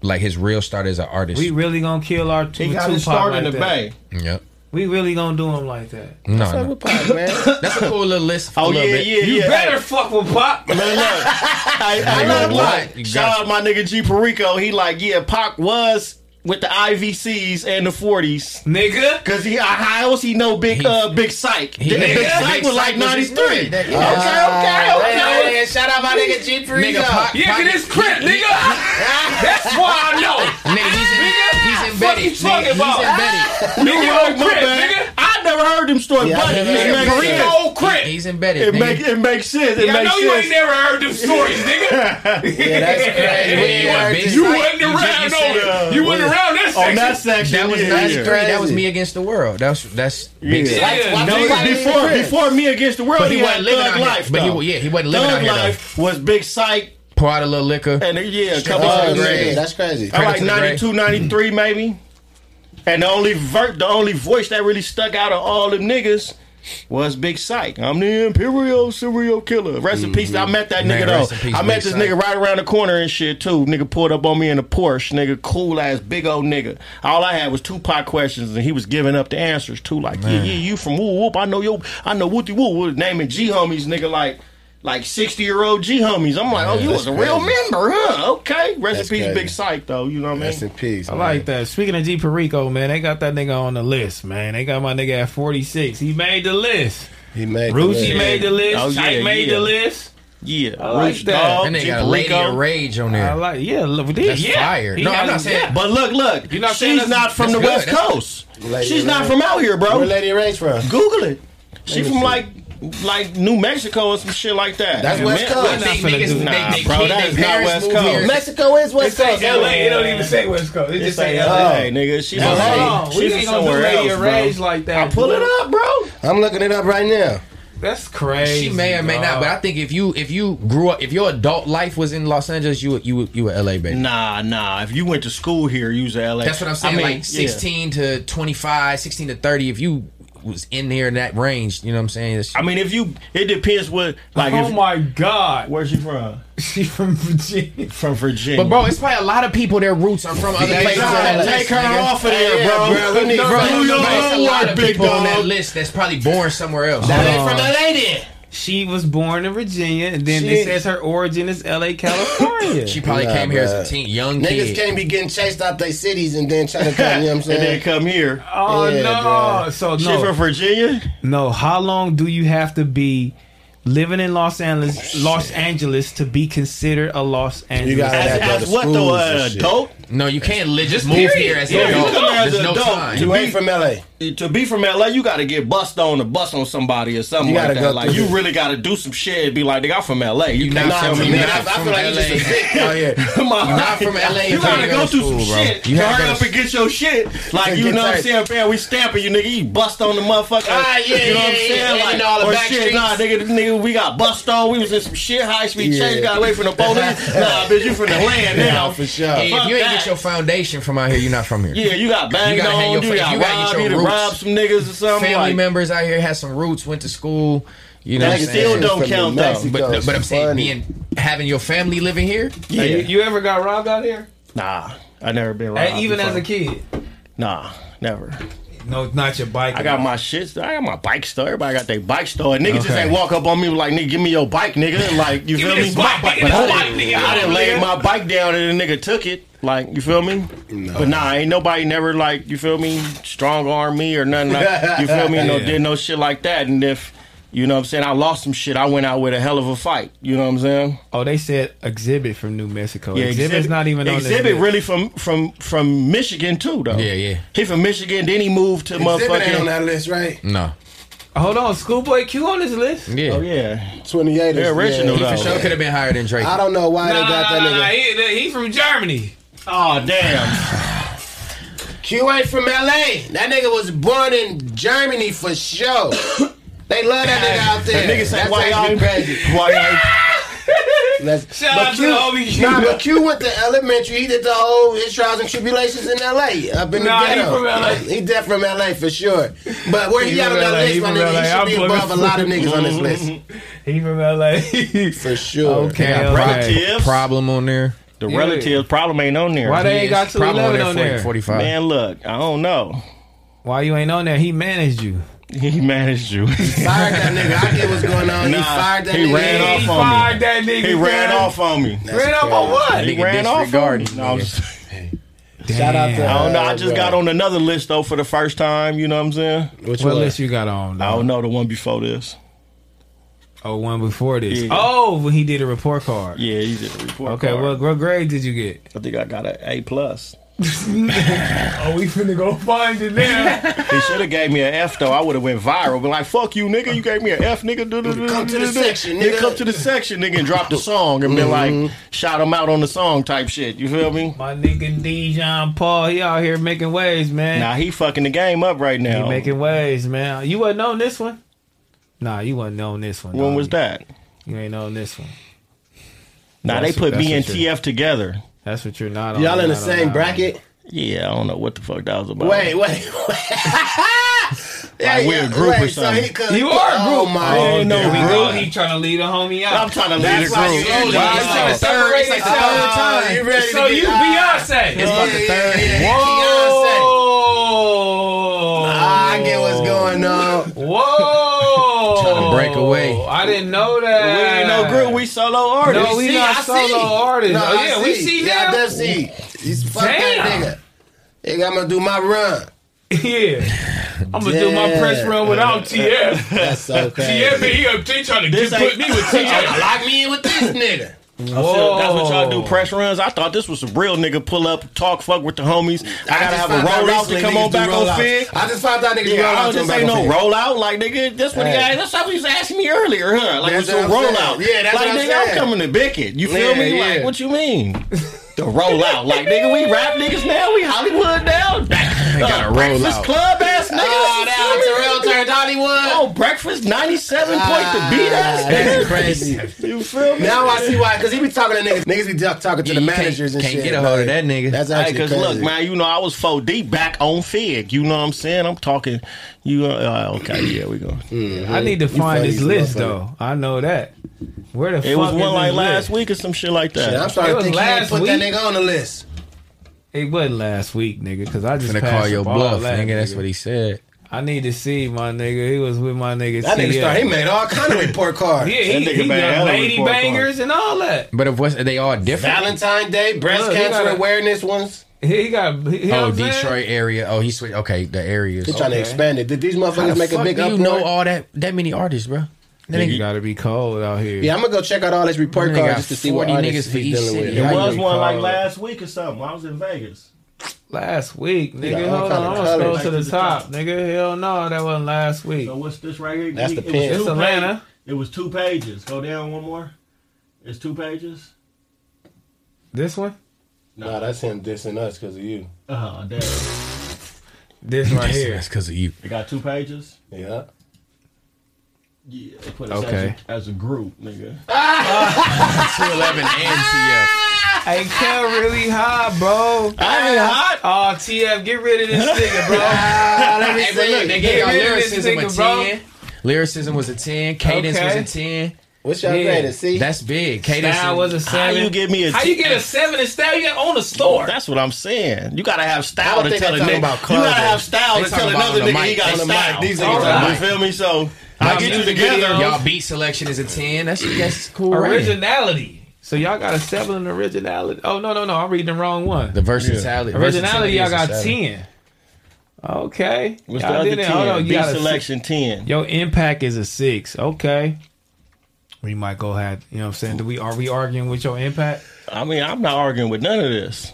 [SPEAKER 4] Like his real start as an artist.
[SPEAKER 1] We really gonna kill our two.
[SPEAKER 4] He got
[SPEAKER 1] Tupac
[SPEAKER 4] his start
[SPEAKER 1] like
[SPEAKER 4] in the
[SPEAKER 1] that.
[SPEAKER 4] Bay. yep.
[SPEAKER 1] We really gonna do him like that.
[SPEAKER 4] No, no. That's a cool little list.
[SPEAKER 3] Oh,
[SPEAKER 6] Oh,
[SPEAKER 4] For a little bit.
[SPEAKER 1] you better fuck with Pop.
[SPEAKER 3] Man, look, I, I
[SPEAKER 4] You
[SPEAKER 3] love
[SPEAKER 4] know
[SPEAKER 3] Pac.
[SPEAKER 4] what? You
[SPEAKER 3] Shout
[SPEAKER 4] got-
[SPEAKER 3] out my nigga G Perico. He like, yeah, Pac was with the IVCs and the 40s.
[SPEAKER 1] Nigga.
[SPEAKER 3] Cause he, uh, how else he know Big uh, Big Psych?
[SPEAKER 4] he-
[SPEAKER 3] Big,
[SPEAKER 4] nigga.
[SPEAKER 3] Psych was
[SPEAKER 4] Big
[SPEAKER 3] like
[SPEAKER 4] Psych was his
[SPEAKER 3] 93. Okay,
[SPEAKER 4] nigga.
[SPEAKER 3] okay,
[SPEAKER 6] Ah.
[SPEAKER 3] okay.
[SPEAKER 6] Hey, hey, shout out my nigga G Freezo.
[SPEAKER 4] Nigga, Pac-
[SPEAKER 6] Yeah,
[SPEAKER 4] Pac-
[SPEAKER 6] get his crit, nigga. That's why I know.
[SPEAKER 4] Nigga, he's in, he's
[SPEAKER 6] Fuck you
[SPEAKER 4] embedded.
[SPEAKER 6] talking
[SPEAKER 4] Nigga,
[SPEAKER 6] about?
[SPEAKER 4] he's embedded.
[SPEAKER 6] Nigga,
[SPEAKER 3] You're right,
[SPEAKER 6] old
[SPEAKER 3] my
[SPEAKER 6] crit,
[SPEAKER 3] bad.
[SPEAKER 6] nigga.
[SPEAKER 3] I never heard him story,
[SPEAKER 6] Yeah,
[SPEAKER 3] but
[SPEAKER 6] I
[SPEAKER 3] it
[SPEAKER 6] never heard
[SPEAKER 3] makes
[SPEAKER 6] him.
[SPEAKER 3] sense.
[SPEAKER 6] Burrito old crit.
[SPEAKER 4] He's embedded.
[SPEAKER 3] Ah! It
[SPEAKER 4] nigga.
[SPEAKER 3] make it makes sense. It
[SPEAKER 6] Yeah, I
[SPEAKER 3] makes
[SPEAKER 6] know you ain't
[SPEAKER 3] sense.
[SPEAKER 6] never heard them stories, nigga.
[SPEAKER 2] Yeah, that's crazy.
[SPEAKER 4] When you were big
[SPEAKER 6] You
[SPEAKER 4] Psych,
[SPEAKER 6] wasn't
[SPEAKER 4] you just-
[SPEAKER 6] around,
[SPEAKER 4] you
[SPEAKER 6] no.
[SPEAKER 4] said-
[SPEAKER 6] You wasn't around that
[SPEAKER 3] On
[SPEAKER 6] section.
[SPEAKER 3] that section,
[SPEAKER 4] That was
[SPEAKER 3] yeah,
[SPEAKER 4] ninety
[SPEAKER 3] yeah.
[SPEAKER 4] three. That was me against the world. That's that's big
[SPEAKER 3] Yeah.
[SPEAKER 4] Psych.
[SPEAKER 6] Yeah,
[SPEAKER 3] No,
[SPEAKER 6] nigga.
[SPEAKER 3] before before me against the world,
[SPEAKER 4] But
[SPEAKER 3] he,
[SPEAKER 4] he
[SPEAKER 3] had
[SPEAKER 4] wasn't living out
[SPEAKER 3] Thug
[SPEAKER 4] here.
[SPEAKER 3] Life.
[SPEAKER 4] But he-
[SPEAKER 3] though.
[SPEAKER 4] yeah, he wasn't living
[SPEAKER 3] Thug
[SPEAKER 4] out here, though.
[SPEAKER 3] Life was Big Psych,
[SPEAKER 4] Pour out a little liquor.
[SPEAKER 3] and uh, yeah, a couple
[SPEAKER 2] Oh,
[SPEAKER 3] of
[SPEAKER 2] yeah, that's crazy.
[SPEAKER 3] I
[SPEAKER 4] Cradle
[SPEAKER 3] like
[SPEAKER 4] to the
[SPEAKER 3] 92, 93 maybe. And the only ver- the only voice that really stuck out of all them niggas was Big Psych. I'm the Imperial serial killer. Rest in peace. I met that
[SPEAKER 4] Mm-hmm. Man,
[SPEAKER 3] nigga
[SPEAKER 4] rest
[SPEAKER 3] though.
[SPEAKER 4] in peace,
[SPEAKER 3] I met
[SPEAKER 4] Big
[SPEAKER 3] this
[SPEAKER 4] Psych.
[SPEAKER 3] nigga right around the corner and shit too. Nigga pulled up on me in a Porsche. Nigga, cool ass big old nigga. All I had was two pot questions and he was giving up the answers too. Like yeah, yeah, you from whoop whoop. I know yo. I know whoopty whoop. Naming G homies, nigga like. Like sixty year old G homies, I'm like, oh, you was a real member, huh? Okay, rest
[SPEAKER 2] That's
[SPEAKER 3] in peace,
[SPEAKER 2] crazy.
[SPEAKER 3] Big Psych, though. You know what I mean?
[SPEAKER 2] Rest in peace.
[SPEAKER 1] I like that. Speaking of G Perico, man, they got that nigga on the list, man. They got my nigga at 46. He made the list.
[SPEAKER 2] He made the
[SPEAKER 1] Rucci
[SPEAKER 2] list.
[SPEAKER 1] made the list.
[SPEAKER 3] Oh,
[SPEAKER 1] Oh,
[SPEAKER 3] yeah,
[SPEAKER 1] made
[SPEAKER 3] yeah.
[SPEAKER 1] the list.
[SPEAKER 3] Yeah,
[SPEAKER 1] I like
[SPEAKER 3] Roots
[SPEAKER 1] that.
[SPEAKER 3] Dogg,
[SPEAKER 4] That nigga got a
[SPEAKER 3] Jim
[SPEAKER 4] lady
[SPEAKER 3] Rico.
[SPEAKER 4] of rage on
[SPEAKER 1] I
[SPEAKER 4] there.
[SPEAKER 1] like, yeah, look,
[SPEAKER 4] That's
[SPEAKER 1] yeah.
[SPEAKER 4] fire.
[SPEAKER 1] He
[SPEAKER 4] No,
[SPEAKER 1] got
[SPEAKER 4] I'm not
[SPEAKER 1] a-
[SPEAKER 4] saying.
[SPEAKER 3] But look, look,
[SPEAKER 1] You're not saying
[SPEAKER 3] she's
[SPEAKER 1] that's-
[SPEAKER 3] not from
[SPEAKER 4] that's
[SPEAKER 3] the
[SPEAKER 4] good.
[SPEAKER 3] West
[SPEAKER 4] That's-
[SPEAKER 3] Coast.
[SPEAKER 2] Lady
[SPEAKER 3] she's
[SPEAKER 2] Ray.
[SPEAKER 3] not from out here, bro.
[SPEAKER 2] Where Lady Ray's from?
[SPEAKER 3] Google it. She
[SPEAKER 2] me
[SPEAKER 3] from
[SPEAKER 2] see.
[SPEAKER 3] like like New Mexico or some shit like that.
[SPEAKER 2] That's
[SPEAKER 3] Man,
[SPEAKER 2] West Coast.
[SPEAKER 1] We're not
[SPEAKER 4] Big
[SPEAKER 1] finna
[SPEAKER 4] niggas,
[SPEAKER 1] do that.
[SPEAKER 4] they-
[SPEAKER 3] Nah,
[SPEAKER 4] they-
[SPEAKER 3] bro,
[SPEAKER 4] they-
[SPEAKER 3] that
[SPEAKER 4] they
[SPEAKER 3] is not
[SPEAKER 4] parents
[SPEAKER 3] West
[SPEAKER 4] moved
[SPEAKER 3] Coast.
[SPEAKER 4] here.
[SPEAKER 2] Mexico is
[SPEAKER 1] It
[SPEAKER 2] West
[SPEAKER 1] say
[SPEAKER 2] Coast.
[SPEAKER 1] LA. It don't even say West Coast. It just say
[SPEAKER 2] say
[SPEAKER 1] LA.
[SPEAKER 2] LA.
[SPEAKER 3] Hey, nigga, she
[SPEAKER 2] Hold
[SPEAKER 3] from,
[SPEAKER 2] on,
[SPEAKER 1] Hold on.
[SPEAKER 3] she
[SPEAKER 1] We
[SPEAKER 3] from
[SPEAKER 1] ain't gonna do
[SPEAKER 3] somewhere
[SPEAKER 1] Lady
[SPEAKER 3] else,
[SPEAKER 1] of
[SPEAKER 3] bro.
[SPEAKER 1] Rage like that.
[SPEAKER 3] I pull
[SPEAKER 1] bro.
[SPEAKER 3] it up, bro.
[SPEAKER 2] I'm looking it up right now.
[SPEAKER 1] That's crazy.
[SPEAKER 4] She may or may not,
[SPEAKER 1] dog.
[SPEAKER 4] but I think if you if you grew up, if your adult life was in Los Angeles, you would- you would- you were LA baby.
[SPEAKER 3] Nah, nah. If you went to school here, you was a LA.
[SPEAKER 4] That's what I'm saying.
[SPEAKER 3] I mean, yeah.
[SPEAKER 4] like 16 to 25, 16 to 30. If you was in there in that range, you know what I'm saying. That's-
[SPEAKER 3] I mean, if you, it depends what. Like,
[SPEAKER 1] oh
[SPEAKER 3] if,
[SPEAKER 1] my god,
[SPEAKER 3] where's she from?
[SPEAKER 1] she from Virginia.
[SPEAKER 3] From Virginia.
[SPEAKER 4] but bro, it's probably a lot of people. Their roots are from other places. on that
[SPEAKER 3] Nah,
[SPEAKER 4] list,
[SPEAKER 3] take her
[SPEAKER 4] nigga.
[SPEAKER 3] off of there,
[SPEAKER 2] Yeah,
[SPEAKER 3] bro.
[SPEAKER 2] bro, we need-
[SPEAKER 3] No,
[SPEAKER 2] bro,
[SPEAKER 4] Bro,
[SPEAKER 3] do
[SPEAKER 4] it's
[SPEAKER 3] your
[SPEAKER 4] a lot
[SPEAKER 3] homework,
[SPEAKER 4] of
[SPEAKER 3] big
[SPEAKER 4] people on that
[SPEAKER 3] dog.
[SPEAKER 4] list that's probably born somewhere else.
[SPEAKER 2] That ain't from LA then.
[SPEAKER 1] She was born in Virginia, and then
[SPEAKER 2] Shit.
[SPEAKER 1] it says her origin is L.A., California.
[SPEAKER 4] She probably
[SPEAKER 2] Nah,
[SPEAKER 4] came here as a
[SPEAKER 2] bruh.
[SPEAKER 4] teen, young
[SPEAKER 2] Niggas
[SPEAKER 4] kid.
[SPEAKER 2] can't be getting chased out their cities and then trying to come, you know what I'm
[SPEAKER 3] And then
[SPEAKER 2] saying?
[SPEAKER 3] come here.
[SPEAKER 1] oh
[SPEAKER 2] Yeah,
[SPEAKER 1] no!
[SPEAKER 2] bro.
[SPEAKER 1] So
[SPEAKER 3] She
[SPEAKER 1] no,
[SPEAKER 3] from Virginia?
[SPEAKER 1] no. How long do you have to be? Living in Los
[SPEAKER 3] Oh,
[SPEAKER 1] Angeles, Los Angeles, to be considered a Los Angeles.
[SPEAKER 2] gotta
[SPEAKER 1] citizen.
[SPEAKER 2] have
[SPEAKER 3] As,
[SPEAKER 2] that
[SPEAKER 3] as
[SPEAKER 2] brother
[SPEAKER 3] what though? uh,
[SPEAKER 2] schools
[SPEAKER 3] An
[SPEAKER 2] and shit.
[SPEAKER 3] adult?
[SPEAKER 4] No, you can't li- just move here as an
[SPEAKER 3] Yeah, you
[SPEAKER 4] adult.
[SPEAKER 3] come here as
[SPEAKER 4] There's
[SPEAKER 3] an
[SPEAKER 4] no
[SPEAKER 3] adult.
[SPEAKER 4] time.
[SPEAKER 2] You ain't from LA.
[SPEAKER 3] To be from LA, you gotta get bust on a bus on somebody or
[SPEAKER 2] You
[SPEAKER 3] something like
[SPEAKER 2] gotta
[SPEAKER 3] that.
[SPEAKER 2] go
[SPEAKER 3] like
[SPEAKER 2] through
[SPEAKER 3] you
[SPEAKER 2] this.
[SPEAKER 3] really gotta do some shit and be like, nigga, I'm from LA. You,
[SPEAKER 4] You
[SPEAKER 3] can't
[SPEAKER 4] not
[SPEAKER 3] tell
[SPEAKER 4] from-
[SPEAKER 3] me
[SPEAKER 4] you
[SPEAKER 2] Man,
[SPEAKER 4] not
[SPEAKER 2] I, I feel like you just a dick out here.
[SPEAKER 3] Come on.
[SPEAKER 4] You're not from LA
[SPEAKER 3] You
[SPEAKER 4] until
[SPEAKER 3] gotta
[SPEAKER 4] you
[SPEAKER 3] go,
[SPEAKER 4] go to
[SPEAKER 3] through
[SPEAKER 4] school,
[SPEAKER 3] some
[SPEAKER 4] bro.
[SPEAKER 3] shit.
[SPEAKER 4] You
[SPEAKER 3] to
[SPEAKER 4] have
[SPEAKER 3] hurry
[SPEAKER 4] to-
[SPEAKER 3] up and get your shit. Like, you
[SPEAKER 2] Get
[SPEAKER 3] know what I'm
[SPEAKER 2] tight.
[SPEAKER 3] saying, man? We stamping you, nigga. You bust on the motherfucker.
[SPEAKER 2] Ah, yeah,
[SPEAKER 3] you know what I'm
[SPEAKER 2] yeah, yeah,
[SPEAKER 3] saying?
[SPEAKER 2] yeah,
[SPEAKER 3] Like,
[SPEAKER 2] you know, all the
[SPEAKER 3] or
[SPEAKER 2] back
[SPEAKER 3] shit, nah, nigga, this nigga, we got bust on. We was in some shit, high speed
[SPEAKER 2] Yeah.
[SPEAKER 3] chase, got away from the police. nah, bitch, you from the land now.
[SPEAKER 2] Yeah, for sure.
[SPEAKER 4] Yeah,
[SPEAKER 3] Fuck
[SPEAKER 4] if you ain't
[SPEAKER 3] that.
[SPEAKER 4] get your foundation from out here, you're not from here.
[SPEAKER 3] Yeah, you got banged
[SPEAKER 4] gotta have
[SPEAKER 3] on.
[SPEAKER 4] your
[SPEAKER 3] You
[SPEAKER 4] fa-
[SPEAKER 3] got
[SPEAKER 4] you gotta get
[SPEAKER 3] robbed.
[SPEAKER 4] your
[SPEAKER 3] You done
[SPEAKER 4] roots.
[SPEAKER 3] robbed some niggas or something.
[SPEAKER 4] Family
[SPEAKER 3] like,
[SPEAKER 4] members out here had some roots, went to school. You know,
[SPEAKER 2] Niggas
[SPEAKER 4] what I'm
[SPEAKER 3] still
[SPEAKER 4] saying?
[SPEAKER 3] don't
[SPEAKER 2] from New
[SPEAKER 3] count, though.
[SPEAKER 2] Mexico.
[SPEAKER 4] But,
[SPEAKER 2] It's
[SPEAKER 4] but I'm saying,
[SPEAKER 2] funny.
[SPEAKER 4] being having your family living here,
[SPEAKER 3] Yeah.
[SPEAKER 1] Hey, you, you ever got robbed out here?
[SPEAKER 3] Nah, I never been robbed.
[SPEAKER 1] Hey, even as a
[SPEAKER 3] before.
[SPEAKER 1] kid?
[SPEAKER 3] Nah, never.
[SPEAKER 1] No, not your bike.
[SPEAKER 3] I got my shit. I got my bike store. Everybody got their bike store. And niggas just
[SPEAKER 4] Okay.
[SPEAKER 3] ain't walk up on me like, nigga, give me your bike, nigga. Like, you feel
[SPEAKER 1] me
[SPEAKER 3] me?
[SPEAKER 1] this bike, give me
[SPEAKER 3] But
[SPEAKER 1] this
[SPEAKER 3] I
[SPEAKER 1] bike,
[SPEAKER 3] didn't-
[SPEAKER 1] nigga.
[SPEAKER 3] I didn't lay
[SPEAKER 1] Yeah.
[SPEAKER 3] my bike down and the nigga took it. Like, you feel me? But nah, ain't nobody never like, you feel me? Strong arm me or nothing. Like, you feel me? No,
[SPEAKER 1] Yeah.
[SPEAKER 3] did no shit like that. And if you know what I'm saying, I lost some shit. I went out with a hell of a fight. You know what I'm saying?
[SPEAKER 1] Oh, they said Exhibit from New Mexico.
[SPEAKER 3] Yeah,
[SPEAKER 1] Exhibit's not even on
[SPEAKER 3] Exhibit
[SPEAKER 1] this. list.
[SPEAKER 3] really from from from Michigan too though.
[SPEAKER 4] Yeah, yeah.
[SPEAKER 3] He from Michigan. Then he moved to
[SPEAKER 2] Exhibit ain't on
[SPEAKER 3] motherfucking.
[SPEAKER 2] that list, right?
[SPEAKER 4] no,
[SPEAKER 1] Hold on, Schoolboy Q on this list?
[SPEAKER 4] yeah,
[SPEAKER 3] Oh yeah,
[SPEAKER 2] 28 is
[SPEAKER 3] They're original,
[SPEAKER 2] yeah.
[SPEAKER 4] for sure could have been higher than Drake.
[SPEAKER 2] I don't know why they
[SPEAKER 1] Nah,
[SPEAKER 2] got that
[SPEAKER 1] nah, nah,
[SPEAKER 2] nigga.
[SPEAKER 1] he, he from Germany.
[SPEAKER 3] Oh damn.
[SPEAKER 2] Q ain't from LA. That nigga was born in Germany for sure. They love that nigga out there.
[SPEAKER 6] That nigga said,
[SPEAKER 2] That's
[SPEAKER 6] "Why
[SPEAKER 2] actually
[SPEAKER 6] y'all-
[SPEAKER 2] crazy.
[SPEAKER 6] why
[SPEAKER 2] Let's,
[SPEAKER 6] Shout
[SPEAKER 2] but
[SPEAKER 6] out to the homie Q.
[SPEAKER 2] Nah, but Q went to elementary. He did the whole his trials and tribulations in L.A. Up in
[SPEAKER 6] Nah,
[SPEAKER 2] the
[SPEAKER 6] he
[SPEAKER 2] ghetto.
[SPEAKER 6] from LA.
[SPEAKER 2] He definitely from L.A. for sure. But where he,
[SPEAKER 1] He
[SPEAKER 2] at
[SPEAKER 1] from
[SPEAKER 2] on that
[SPEAKER 1] LA,
[SPEAKER 2] list,
[SPEAKER 1] he
[SPEAKER 2] my
[SPEAKER 1] from
[SPEAKER 2] nigga,
[SPEAKER 1] LA. I'm
[SPEAKER 2] he should be
[SPEAKER 1] fucking-
[SPEAKER 2] above a lot of niggas on this list.
[SPEAKER 1] He from LA
[SPEAKER 2] for sure.
[SPEAKER 1] Okay,
[SPEAKER 5] Got
[SPEAKER 1] all right.
[SPEAKER 5] relative problem on there.
[SPEAKER 3] The
[SPEAKER 1] Yeah.
[SPEAKER 3] relatives problem Oh, ain't on there.
[SPEAKER 1] Why they ain't got to
[SPEAKER 3] Problem
[SPEAKER 1] 11 on
[SPEAKER 3] 40,
[SPEAKER 1] there?
[SPEAKER 3] 45. Man, look, I don't know.
[SPEAKER 1] Why you ain't on there? He managed you.
[SPEAKER 3] He managed you.
[SPEAKER 2] Fired that nigga. I get what's going on. he
[SPEAKER 3] Nah,
[SPEAKER 2] fired that
[SPEAKER 3] he
[SPEAKER 2] nigga.
[SPEAKER 3] ran off
[SPEAKER 2] he
[SPEAKER 3] on me.
[SPEAKER 2] fired that nigga.
[SPEAKER 3] He ran off on me.
[SPEAKER 2] Ran off on what?
[SPEAKER 3] He
[SPEAKER 2] Nigga
[SPEAKER 3] ran off on me.
[SPEAKER 2] disregarding
[SPEAKER 3] No, I'm
[SPEAKER 2] nigga.
[SPEAKER 3] just-
[SPEAKER 2] Shout out to.
[SPEAKER 3] I don't know. I
[SPEAKER 2] uh,
[SPEAKER 3] just got on another list though for the first time. You know what I'm saying?
[SPEAKER 2] Which What one? list
[SPEAKER 1] you got on?
[SPEAKER 3] I don't know the one before this.
[SPEAKER 1] Oh, one before this.
[SPEAKER 3] Yeah.
[SPEAKER 1] Oh, when he did a report card.
[SPEAKER 3] Yeah, he did a report.
[SPEAKER 1] Okay,
[SPEAKER 3] card.
[SPEAKER 1] well, what grade did you get?
[SPEAKER 3] I think I got an A plus.
[SPEAKER 1] Oh, we finna go find it now.
[SPEAKER 3] He should have gave me an F though. I would have went viral. Been like, fuck you, nigga. You gave me an F, nigga.
[SPEAKER 2] Come to the section, nigga.
[SPEAKER 3] Come to the section, nigga, and drop the song and been
[SPEAKER 1] Mm-hmm.
[SPEAKER 3] like, shout him out on the song type shit. You feel me?
[SPEAKER 1] My nigga Dijon Paul, he out here making waves, man.
[SPEAKER 3] Nah, he fucking the game up right now.
[SPEAKER 1] He making waves, man. You wasn't on this one. Nah, you wasn't on this one.
[SPEAKER 3] When
[SPEAKER 1] dog.
[SPEAKER 3] was that?
[SPEAKER 1] You ain't on this one.
[SPEAKER 3] Nah,
[SPEAKER 1] That's
[SPEAKER 3] they put
[SPEAKER 1] what-
[SPEAKER 3] me and
[SPEAKER 1] that's what you're-
[SPEAKER 3] TF together.
[SPEAKER 1] That's what you're not.
[SPEAKER 2] Y'all in the same bracket?
[SPEAKER 3] Yeah, I don't know what the fuck that was about.
[SPEAKER 2] Wait, wait, wait. yeah,
[SPEAKER 3] Like, we're a group or
[SPEAKER 2] wait, so he
[SPEAKER 3] something.
[SPEAKER 2] could-
[SPEAKER 1] You are a
[SPEAKER 2] Oh
[SPEAKER 1] group.
[SPEAKER 2] my
[SPEAKER 3] I ain't no
[SPEAKER 1] There we go.
[SPEAKER 3] group.
[SPEAKER 1] He trying to lead a homie out.
[SPEAKER 3] I'm trying to lead
[SPEAKER 2] That's
[SPEAKER 3] a
[SPEAKER 2] why you
[SPEAKER 3] group.
[SPEAKER 2] slowly.
[SPEAKER 1] Wow.
[SPEAKER 2] It's like the third, it's like the third time. You ready
[SPEAKER 1] So
[SPEAKER 2] to
[SPEAKER 1] you
[SPEAKER 2] get-
[SPEAKER 1] Beyonce.
[SPEAKER 2] It's about the third.
[SPEAKER 1] Whoa.
[SPEAKER 2] I get what's going on.
[SPEAKER 1] Oh. Whoa.
[SPEAKER 5] Tryna break away.
[SPEAKER 1] I didn't know that.
[SPEAKER 3] We ain't no group. We solo artists.
[SPEAKER 1] No, we
[SPEAKER 2] See,
[SPEAKER 1] not
[SPEAKER 2] I
[SPEAKER 1] solo
[SPEAKER 2] see.
[SPEAKER 1] artists.
[SPEAKER 2] No,
[SPEAKER 1] oh,
[SPEAKER 2] I
[SPEAKER 1] yeah, we see
[SPEAKER 2] yeah, I
[SPEAKER 1] him.
[SPEAKER 2] does see. He's fuck
[SPEAKER 1] Damn.
[SPEAKER 2] that nigga. Nigga, I'm gonna do my run.
[SPEAKER 1] Yeah. I'm going to do my
[SPEAKER 2] Yeah.
[SPEAKER 1] press run without TF.
[SPEAKER 2] That's so
[SPEAKER 8] Yeah,
[SPEAKER 2] crazy.
[SPEAKER 8] man, he up there trying to
[SPEAKER 3] This
[SPEAKER 8] get put
[SPEAKER 3] ain't-
[SPEAKER 8] me with TJ.
[SPEAKER 2] Lock me in with this nigga.
[SPEAKER 3] I feel- That's what y'all do,
[SPEAKER 1] Whoa.
[SPEAKER 3] press runs. I thought this was a real nigga pull up, talk, fuck with the homies.
[SPEAKER 2] just
[SPEAKER 3] I, gotta have a
[SPEAKER 2] found out
[SPEAKER 3] roll out
[SPEAKER 2] recently
[SPEAKER 3] to come
[SPEAKER 2] niggas
[SPEAKER 3] on
[SPEAKER 2] do
[SPEAKER 3] back on
[SPEAKER 2] rollouts.
[SPEAKER 3] fig.
[SPEAKER 2] I just found out niggas do
[SPEAKER 3] Yeah,
[SPEAKER 2] rollouts
[SPEAKER 3] I
[SPEAKER 2] on
[SPEAKER 3] don't just
[SPEAKER 2] back
[SPEAKER 3] ain't
[SPEAKER 2] on
[SPEAKER 3] no
[SPEAKER 2] Fig.
[SPEAKER 3] roll out. Like, nigga, that's what he
[SPEAKER 2] Hey.
[SPEAKER 3] asked. That's what he was asking me earlier, huh? Like,
[SPEAKER 2] That's
[SPEAKER 3] what's your
[SPEAKER 2] what I'm
[SPEAKER 3] roll out?
[SPEAKER 2] saying. Yeah, that's
[SPEAKER 3] Like,
[SPEAKER 2] what I'm
[SPEAKER 3] nigga,
[SPEAKER 2] saying.
[SPEAKER 3] I'm coming to Bickett. You feel
[SPEAKER 2] Yeah,
[SPEAKER 3] me?
[SPEAKER 2] yeah.
[SPEAKER 3] Like, what you mean? the roll out. Like, nigga, we rap niggas now. We Hollywood now. They
[SPEAKER 5] got a
[SPEAKER 3] Breakfast
[SPEAKER 5] rollout.
[SPEAKER 3] Club ass nigga.
[SPEAKER 2] Oh, now Terrell turned Hollywood.
[SPEAKER 3] Oh, breakfast 97 point to beat us.
[SPEAKER 2] That's Ah, crazy.
[SPEAKER 3] You feel me?
[SPEAKER 2] Now I see why, because he be talking to niggas. Niggas be talk- talking to the
[SPEAKER 5] You can't-
[SPEAKER 2] managers and
[SPEAKER 5] can't
[SPEAKER 2] shit.
[SPEAKER 5] get a hold of
[SPEAKER 2] like,
[SPEAKER 5] that nigga.
[SPEAKER 2] That's
[SPEAKER 3] Hey,
[SPEAKER 2] actually
[SPEAKER 3] cause
[SPEAKER 2] crazy.
[SPEAKER 3] look, man, you know I was four D back on Fig. You know what I'm saying? I'm talking. You uh, uh, okay? Yeah, we go.
[SPEAKER 1] I need to find
[SPEAKER 2] funny
[SPEAKER 1] this
[SPEAKER 2] as a
[SPEAKER 1] list,
[SPEAKER 2] motherfucker.
[SPEAKER 1] though. I know that. Where the fuck
[SPEAKER 3] It
[SPEAKER 1] is
[SPEAKER 3] was one like
[SPEAKER 1] this
[SPEAKER 3] last
[SPEAKER 1] list?
[SPEAKER 3] week or some shit like that.
[SPEAKER 2] Shit, I'm
[SPEAKER 1] It
[SPEAKER 2] starting to
[SPEAKER 1] was
[SPEAKER 2] think he ain't
[SPEAKER 1] last
[SPEAKER 2] put that
[SPEAKER 1] week.
[SPEAKER 2] nigga on the list.
[SPEAKER 1] It wasn't last week, nigga, because I just
[SPEAKER 5] Gonna
[SPEAKER 1] passed
[SPEAKER 5] call
[SPEAKER 1] the
[SPEAKER 5] your
[SPEAKER 1] ball
[SPEAKER 5] bluff,
[SPEAKER 1] last
[SPEAKER 5] nigga. That's
[SPEAKER 1] nigga.
[SPEAKER 5] what he said.
[SPEAKER 1] I need to see my nigga. He was with my nigga.
[SPEAKER 2] That nigga
[SPEAKER 1] CF.
[SPEAKER 2] started. He made all kind of report cards.
[SPEAKER 1] Yeah, he,
[SPEAKER 3] nigga
[SPEAKER 1] he
[SPEAKER 3] made
[SPEAKER 1] got
[SPEAKER 3] hell of a
[SPEAKER 1] lady
[SPEAKER 3] report card.
[SPEAKER 1] bangers and all that.
[SPEAKER 5] But if what's they all different?
[SPEAKER 2] Valentine's Day, breast
[SPEAKER 1] Look, he
[SPEAKER 2] cancer
[SPEAKER 1] gotta-
[SPEAKER 2] awareness ones.
[SPEAKER 1] He got. He, you know
[SPEAKER 5] oh,
[SPEAKER 1] what I'm saying?
[SPEAKER 5] Detroit area. Oh, he switched. Okay, the areas.
[SPEAKER 2] They're trying to expand it. Did these
[SPEAKER 5] How the
[SPEAKER 2] motherfuckers make a
[SPEAKER 5] fuck
[SPEAKER 2] big
[SPEAKER 5] do you
[SPEAKER 2] uproar?
[SPEAKER 5] know all that that many artists, bro? That
[SPEAKER 1] Nigga
[SPEAKER 5] nigga,
[SPEAKER 1] gotta be cold out here.
[SPEAKER 2] yeah, I'm gonna go check out all his report
[SPEAKER 5] Nigga
[SPEAKER 2] cards
[SPEAKER 5] got
[SPEAKER 2] just to see what
[SPEAKER 5] 40
[SPEAKER 2] artists
[SPEAKER 5] niggas for
[SPEAKER 2] he's
[SPEAKER 5] each
[SPEAKER 2] dealing
[SPEAKER 5] city.
[SPEAKER 2] with.
[SPEAKER 5] It
[SPEAKER 3] It
[SPEAKER 2] How
[SPEAKER 3] was
[SPEAKER 2] you-
[SPEAKER 3] one like
[SPEAKER 1] call it?
[SPEAKER 3] last week or something. I was in Vegas.
[SPEAKER 1] Last week, nigga.
[SPEAKER 2] got all
[SPEAKER 1] Hold
[SPEAKER 2] kind
[SPEAKER 1] on,
[SPEAKER 2] of
[SPEAKER 1] I'm gonna scroll
[SPEAKER 2] colors.
[SPEAKER 1] to the top, nigga. Hell no, that wasn't last week.
[SPEAKER 3] So what's this right here?
[SPEAKER 2] That's the
[SPEAKER 3] It was
[SPEAKER 2] pen.
[SPEAKER 3] two
[SPEAKER 1] It's
[SPEAKER 3] pa-
[SPEAKER 1] Atlanta.
[SPEAKER 3] It was two pages. Go down one more. It's two pages.
[SPEAKER 1] This one,
[SPEAKER 2] Nah, that's him dissing us because of you.
[SPEAKER 3] Uh, there.
[SPEAKER 1] this right here.
[SPEAKER 5] that's because of you.
[SPEAKER 3] It got two pages.
[SPEAKER 2] Yeah.
[SPEAKER 3] Yeah, they put us
[SPEAKER 1] Okay.
[SPEAKER 3] as, a, as a group, nigga.
[SPEAKER 5] Two eleven and TF.
[SPEAKER 1] Hey, Kel, really hot, bro. I ain't hot. Oh, TF, get rid of this nigga, bro.
[SPEAKER 5] Hey, but look, they gave
[SPEAKER 1] Get
[SPEAKER 5] y'all
[SPEAKER 1] rid of this
[SPEAKER 5] lyricism a
[SPEAKER 1] nigga, bro.
[SPEAKER 5] ten. Lyricism was a ten. Cadence
[SPEAKER 1] Okay.
[SPEAKER 5] was a ten.
[SPEAKER 2] What's y'all
[SPEAKER 1] Yeah.
[SPEAKER 2] rating? See,
[SPEAKER 5] That's big. Cadence
[SPEAKER 1] Style was a
[SPEAKER 3] How
[SPEAKER 1] seven.
[SPEAKER 3] you give me a?
[SPEAKER 1] How
[SPEAKER 3] t-
[SPEAKER 1] you get a seven and style? You got on the store.
[SPEAKER 3] That's what I'm saying. You gotta have
[SPEAKER 2] I
[SPEAKER 3] style
[SPEAKER 2] don't
[SPEAKER 3] to
[SPEAKER 2] think
[SPEAKER 3] tell a
[SPEAKER 2] they're talking
[SPEAKER 3] nigga.
[SPEAKER 2] about
[SPEAKER 3] you gotta
[SPEAKER 2] clothing.
[SPEAKER 3] have style
[SPEAKER 5] They
[SPEAKER 3] to
[SPEAKER 5] talking
[SPEAKER 3] tell
[SPEAKER 5] about
[SPEAKER 3] another
[SPEAKER 5] on the
[SPEAKER 3] nigga
[SPEAKER 5] mic.
[SPEAKER 3] he got
[SPEAKER 5] On the
[SPEAKER 3] style.
[SPEAKER 5] mic. These
[SPEAKER 2] niggas
[SPEAKER 3] All
[SPEAKER 2] on the
[SPEAKER 3] right.
[SPEAKER 2] mic.
[SPEAKER 3] You feel me? So I get you together.
[SPEAKER 5] y'all beat selection is a ten. That's that's cool. Right?
[SPEAKER 1] originality. So y'all got a seven in originality. Oh no no no! I'm reading the wrong one.
[SPEAKER 5] The versatility.
[SPEAKER 1] originality,
[SPEAKER 5] versatility
[SPEAKER 1] y'all
[SPEAKER 5] is a
[SPEAKER 1] got
[SPEAKER 5] seven.
[SPEAKER 1] ten. Okay,
[SPEAKER 3] What's
[SPEAKER 1] y'all
[SPEAKER 3] the
[SPEAKER 1] did
[SPEAKER 3] other
[SPEAKER 1] it. Hold on,
[SPEAKER 3] ten?
[SPEAKER 1] you
[SPEAKER 3] Beat
[SPEAKER 1] got a
[SPEAKER 3] selection ten.
[SPEAKER 1] six. Your impact is a six. Okay, we might go have. You know what I'm saying? Do we are we arguing with your impact?
[SPEAKER 3] I mean, I'm not arguing with none of this.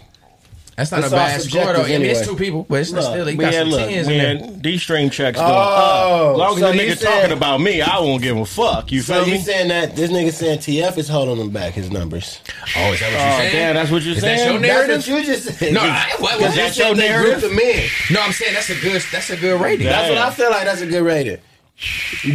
[SPEAKER 5] That's not
[SPEAKER 2] It's
[SPEAKER 5] a
[SPEAKER 2] all
[SPEAKER 5] bad score though.
[SPEAKER 2] subjective
[SPEAKER 5] I mean, it's
[SPEAKER 2] anyway.
[SPEAKER 5] two people, but it's
[SPEAKER 3] Look,
[SPEAKER 5] still you
[SPEAKER 3] we
[SPEAKER 5] got
[SPEAKER 3] had,
[SPEAKER 5] some
[SPEAKER 3] look,
[SPEAKER 5] tens
[SPEAKER 3] we
[SPEAKER 5] in there.
[SPEAKER 3] had these stream checks going
[SPEAKER 2] Oh,
[SPEAKER 3] up. As long as
[SPEAKER 2] so
[SPEAKER 3] a
[SPEAKER 2] you
[SPEAKER 3] nigga
[SPEAKER 2] said-
[SPEAKER 3] talking about me, I won't give a fuck. You
[SPEAKER 2] so
[SPEAKER 3] feel
[SPEAKER 2] you
[SPEAKER 3] me?
[SPEAKER 2] saying that this nigga saying TF is holding him back his numbers?
[SPEAKER 5] Oh, is that what you
[SPEAKER 3] Oh,
[SPEAKER 5] saying?
[SPEAKER 3] damn, that's what you're
[SPEAKER 5] Is that
[SPEAKER 3] saying.
[SPEAKER 5] your narrative?
[SPEAKER 2] That's what you just said.
[SPEAKER 5] No, I, what,
[SPEAKER 2] Because
[SPEAKER 5] what,
[SPEAKER 2] you
[SPEAKER 5] that's
[SPEAKER 2] said
[SPEAKER 5] your
[SPEAKER 2] they
[SPEAKER 5] narrative.
[SPEAKER 2] grouped them in.
[SPEAKER 5] No, I'm saying that's a good that's a good rating.
[SPEAKER 3] That-
[SPEAKER 2] That's what I feel like. That's a good rating.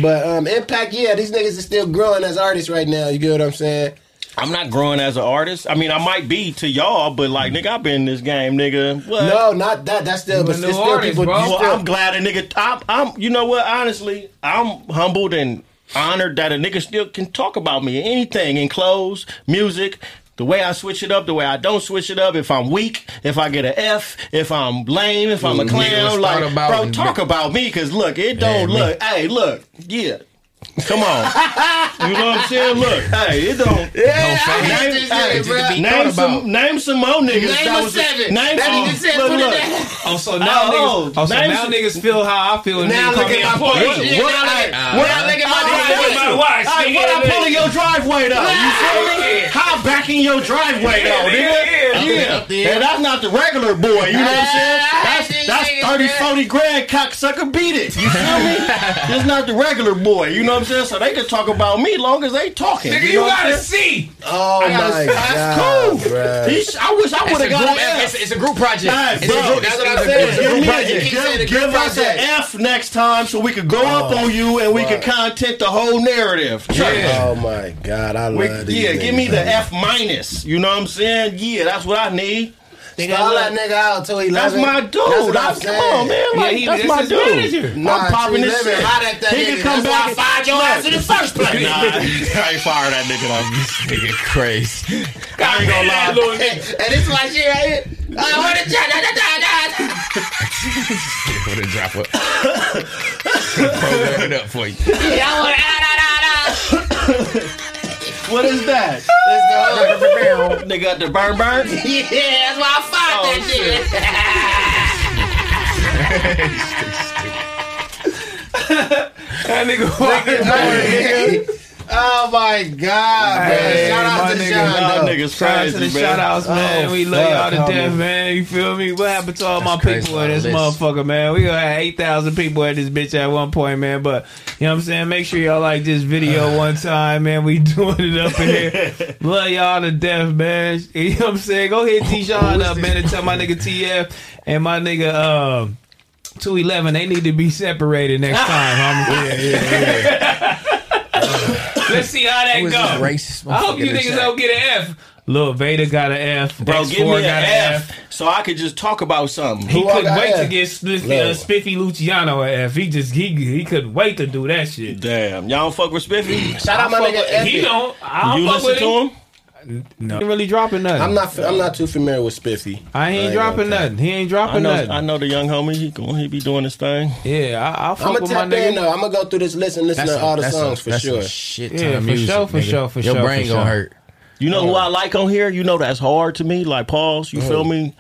[SPEAKER 2] But um, Impact, yeah, these niggas is still growing as artists right now. You get what I'm saying?
[SPEAKER 3] I'm not growing as an artist. I mean, I might be to y'all, but like, nigga, I've been in this game, nigga. What?
[SPEAKER 2] No, not that. That's still, but it's still people. you
[SPEAKER 3] Well,
[SPEAKER 2] still-
[SPEAKER 3] I'm glad a nigga. I'm, I'm. You know what? Honestly, I'm humbled and honored that a nigga still can talk about me. Anything in clothes, music. The way I switch it up, the way I don't switch it up. If I'm weak, if I get a F, if I'm lame, if I'm a
[SPEAKER 2] Nigga
[SPEAKER 3] clown,
[SPEAKER 2] was
[SPEAKER 3] like
[SPEAKER 2] thought about
[SPEAKER 3] bro,
[SPEAKER 2] and-
[SPEAKER 3] talk about me because look, it
[SPEAKER 2] Man,
[SPEAKER 3] don't look. Hey, look, yeah, come on. you know what I'm saying? Look, hey, it don't.
[SPEAKER 2] Yeah, I hate
[SPEAKER 3] name,
[SPEAKER 2] this nigga,
[SPEAKER 3] hey,
[SPEAKER 2] bro.
[SPEAKER 3] name some, name some more niggas.
[SPEAKER 2] Name
[SPEAKER 3] that
[SPEAKER 2] a
[SPEAKER 3] was
[SPEAKER 2] seven.
[SPEAKER 3] Name
[SPEAKER 2] That
[SPEAKER 3] some.
[SPEAKER 2] nigga said
[SPEAKER 3] look,
[SPEAKER 2] put it
[SPEAKER 3] look.
[SPEAKER 2] down.
[SPEAKER 1] Oh, so now,
[SPEAKER 3] Oh,
[SPEAKER 1] niggas, oh, so
[SPEAKER 3] name
[SPEAKER 1] now
[SPEAKER 3] some-
[SPEAKER 1] niggas feel how I feel. And
[SPEAKER 3] Now
[SPEAKER 1] niggas
[SPEAKER 3] look
[SPEAKER 1] call
[SPEAKER 3] at
[SPEAKER 1] me
[SPEAKER 3] my
[SPEAKER 1] a
[SPEAKER 3] point.
[SPEAKER 1] pussy.
[SPEAKER 3] What- Yeah, what now I- look-
[SPEAKER 1] All
[SPEAKER 3] what
[SPEAKER 1] right.
[SPEAKER 3] I look at my
[SPEAKER 1] All right,
[SPEAKER 3] driveway.
[SPEAKER 1] what about-
[SPEAKER 3] All right, what I
[SPEAKER 1] Yeah,
[SPEAKER 3] pull in your
[SPEAKER 1] nigga.
[SPEAKER 3] driveway though? You feel me? How back in your driveway though,
[SPEAKER 1] Yeah, yeah,
[SPEAKER 3] nigga?
[SPEAKER 1] yeah.
[SPEAKER 3] Yeah.
[SPEAKER 1] Up there.
[SPEAKER 3] And that's not the regular boy, you know what I'm saying? That's that's 30, 40 grand cocksucker beat it. You feel me? That's not the regular boy, you know what I'm saying? So they can talk about me long as they talking.
[SPEAKER 8] Nigga,
[SPEAKER 3] know
[SPEAKER 8] you
[SPEAKER 3] what I'm
[SPEAKER 8] gotta
[SPEAKER 3] saying?
[SPEAKER 8] see.
[SPEAKER 2] Oh
[SPEAKER 3] I gotta
[SPEAKER 2] my
[SPEAKER 3] see.
[SPEAKER 2] God,
[SPEAKER 3] That's cool.
[SPEAKER 2] bruh.
[SPEAKER 3] He sh- I wish I
[SPEAKER 2] It's
[SPEAKER 3] would
[SPEAKER 2] a
[SPEAKER 3] have got
[SPEAKER 2] group-
[SPEAKER 3] an F.
[SPEAKER 2] it's- it's a group project.
[SPEAKER 3] Hey,
[SPEAKER 2] It's a
[SPEAKER 3] bro,
[SPEAKER 2] group- that's what I'm
[SPEAKER 3] it's a
[SPEAKER 2] saying.
[SPEAKER 3] group
[SPEAKER 2] Give me a-
[SPEAKER 3] project.
[SPEAKER 2] you keep saying a
[SPEAKER 3] Give,
[SPEAKER 2] Oh, group
[SPEAKER 3] give us an
[SPEAKER 2] project.
[SPEAKER 3] F next time so we could go up on you and we could content the whole narrative.
[SPEAKER 2] Yeah. Oh my God, I love
[SPEAKER 3] We-
[SPEAKER 2] these.
[SPEAKER 3] yeah, give me
[SPEAKER 2] niggas,
[SPEAKER 3] the
[SPEAKER 2] man.
[SPEAKER 3] F minus. You know what I'm saying? Yeah, that's what I need.
[SPEAKER 2] Stall that nigga out till
[SPEAKER 3] That's
[SPEAKER 2] 11.
[SPEAKER 3] my dude.
[SPEAKER 2] That's what I'm
[SPEAKER 3] That's come on,
[SPEAKER 2] saying.
[SPEAKER 3] man.
[SPEAKER 2] Yeah,
[SPEAKER 3] Like,
[SPEAKER 2] he-
[SPEAKER 3] that's
[SPEAKER 2] this
[SPEAKER 3] my
[SPEAKER 2] is
[SPEAKER 3] dude.
[SPEAKER 2] manager. Nah,
[SPEAKER 3] I'm popping
[SPEAKER 2] see,
[SPEAKER 3] this
[SPEAKER 2] let
[SPEAKER 3] shit.
[SPEAKER 2] me holler at that
[SPEAKER 3] he
[SPEAKER 2] nigga.
[SPEAKER 3] can come
[SPEAKER 2] That's why
[SPEAKER 3] back.
[SPEAKER 2] I fired your ass in the
[SPEAKER 3] first
[SPEAKER 2] place.
[SPEAKER 3] Nah, I ain't fired that nigga. Though. This nigga crazy. I ain't gonna lie.
[SPEAKER 2] and this is my shit right here. Uh, I want to da da da da da.
[SPEAKER 10] Put a drop up. Program it up for you.
[SPEAKER 2] Yeah, I want
[SPEAKER 3] What is that? they got the burn burn. Oh,
[SPEAKER 2] Yeah, that's why I fired that nigga.
[SPEAKER 1] That nigga walking
[SPEAKER 2] nigga. Oh my God, man. Shout out to Sean. though.
[SPEAKER 1] Shout out to the shout outs, man.
[SPEAKER 2] Oh,
[SPEAKER 1] we love
[SPEAKER 2] fuck,
[SPEAKER 1] y'all to
[SPEAKER 2] homie.
[SPEAKER 1] death, man. You feel me? What happened to all my
[SPEAKER 2] crazy,
[SPEAKER 1] people in
[SPEAKER 2] all
[SPEAKER 1] this
[SPEAKER 2] this.
[SPEAKER 1] motherfucker, man? We gonna have 8,000 people at this bitch at one point, man. But, you know what I'm saying? Make sure y'all like this video one time, man. We doing it up in here. love y'all to death, man. You know what I'm saying? Go hit T Sean up, man, and tell my nigga TF and my nigga, um, 211, they need to be separated next time, homie. Let's see how that
[SPEAKER 8] Who is
[SPEAKER 1] goes.
[SPEAKER 8] this racist
[SPEAKER 1] I hope you
[SPEAKER 8] motherfucker in the
[SPEAKER 1] niggas
[SPEAKER 8] chat?
[SPEAKER 1] don't get an F. Lil Vader got an F.
[SPEAKER 3] Bro,
[SPEAKER 1] X4
[SPEAKER 3] give me an
[SPEAKER 1] got an F.
[SPEAKER 3] F, so I could just talk about something.
[SPEAKER 1] He couldn't wait to
[SPEAKER 3] F?
[SPEAKER 1] get Spiffy, uh,
[SPEAKER 3] Lord.
[SPEAKER 1] Spiffy Luciano an F. He just he he couldn't wait to do that shit.
[SPEAKER 3] Damn, y'all don't fuck with Spiffy.
[SPEAKER 2] Shout out my
[SPEAKER 1] I fuck
[SPEAKER 2] nigga
[SPEAKER 1] with-
[SPEAKER 2] Effie.
[SPEAKER 1] He don't. I don't
[SPEAKER 3] You
[SPEAKER 1] fuck
[SPEAKER 3] listen
[SPEAKER 1] with
[SPEAKER 3] to him?
[SPEAKER 1] No, he really dropping nothing.
[SPEAKER 2] I'm not. I'm not too familiar with Spiffy.
[SPEAKER 1] I ain't, dropping nothing. He ain't
[SPEAKER 3] I
[SPEAKER 1] dropping
[SPEAKER 3] know,
[SPEAKER 1] nothing.
[SPEAKER 3] I know the young homie. He going, he be doing his thing.
[SPEAKER 1] Yeah, I, I'll
[SPEAKER 2] I'm
[SPEAKER 1] fuck
[SPEAKER 2] gonna
[SPEAKER 1] with my
[SPEAKER 2] tap in
[SPEAKER 1] nigga.
[SPEAKER 2] though. I'm gonna go through this list and listen
[SPEAKER 1] That's
[SPEAKER 2] to
[SPEAKER 1] a-
[SPEAKER 2] all the
[SPEAKER 1] that's a-
[SPEAKER 2] songs for
[SPEAKER 1] that's a
[SPEAKER 2] sure.
[SPEAKER 1] shit ton Yeah, of for music, sure, for nigga. sure, for Your sure, brain for gonna sure. hurt.
[SPEAKER 3] You know who I like on here? You know that's hard to me. Like Pauls, you feel
[SPEAKER 2] Who?
[SPEAKER 3] me?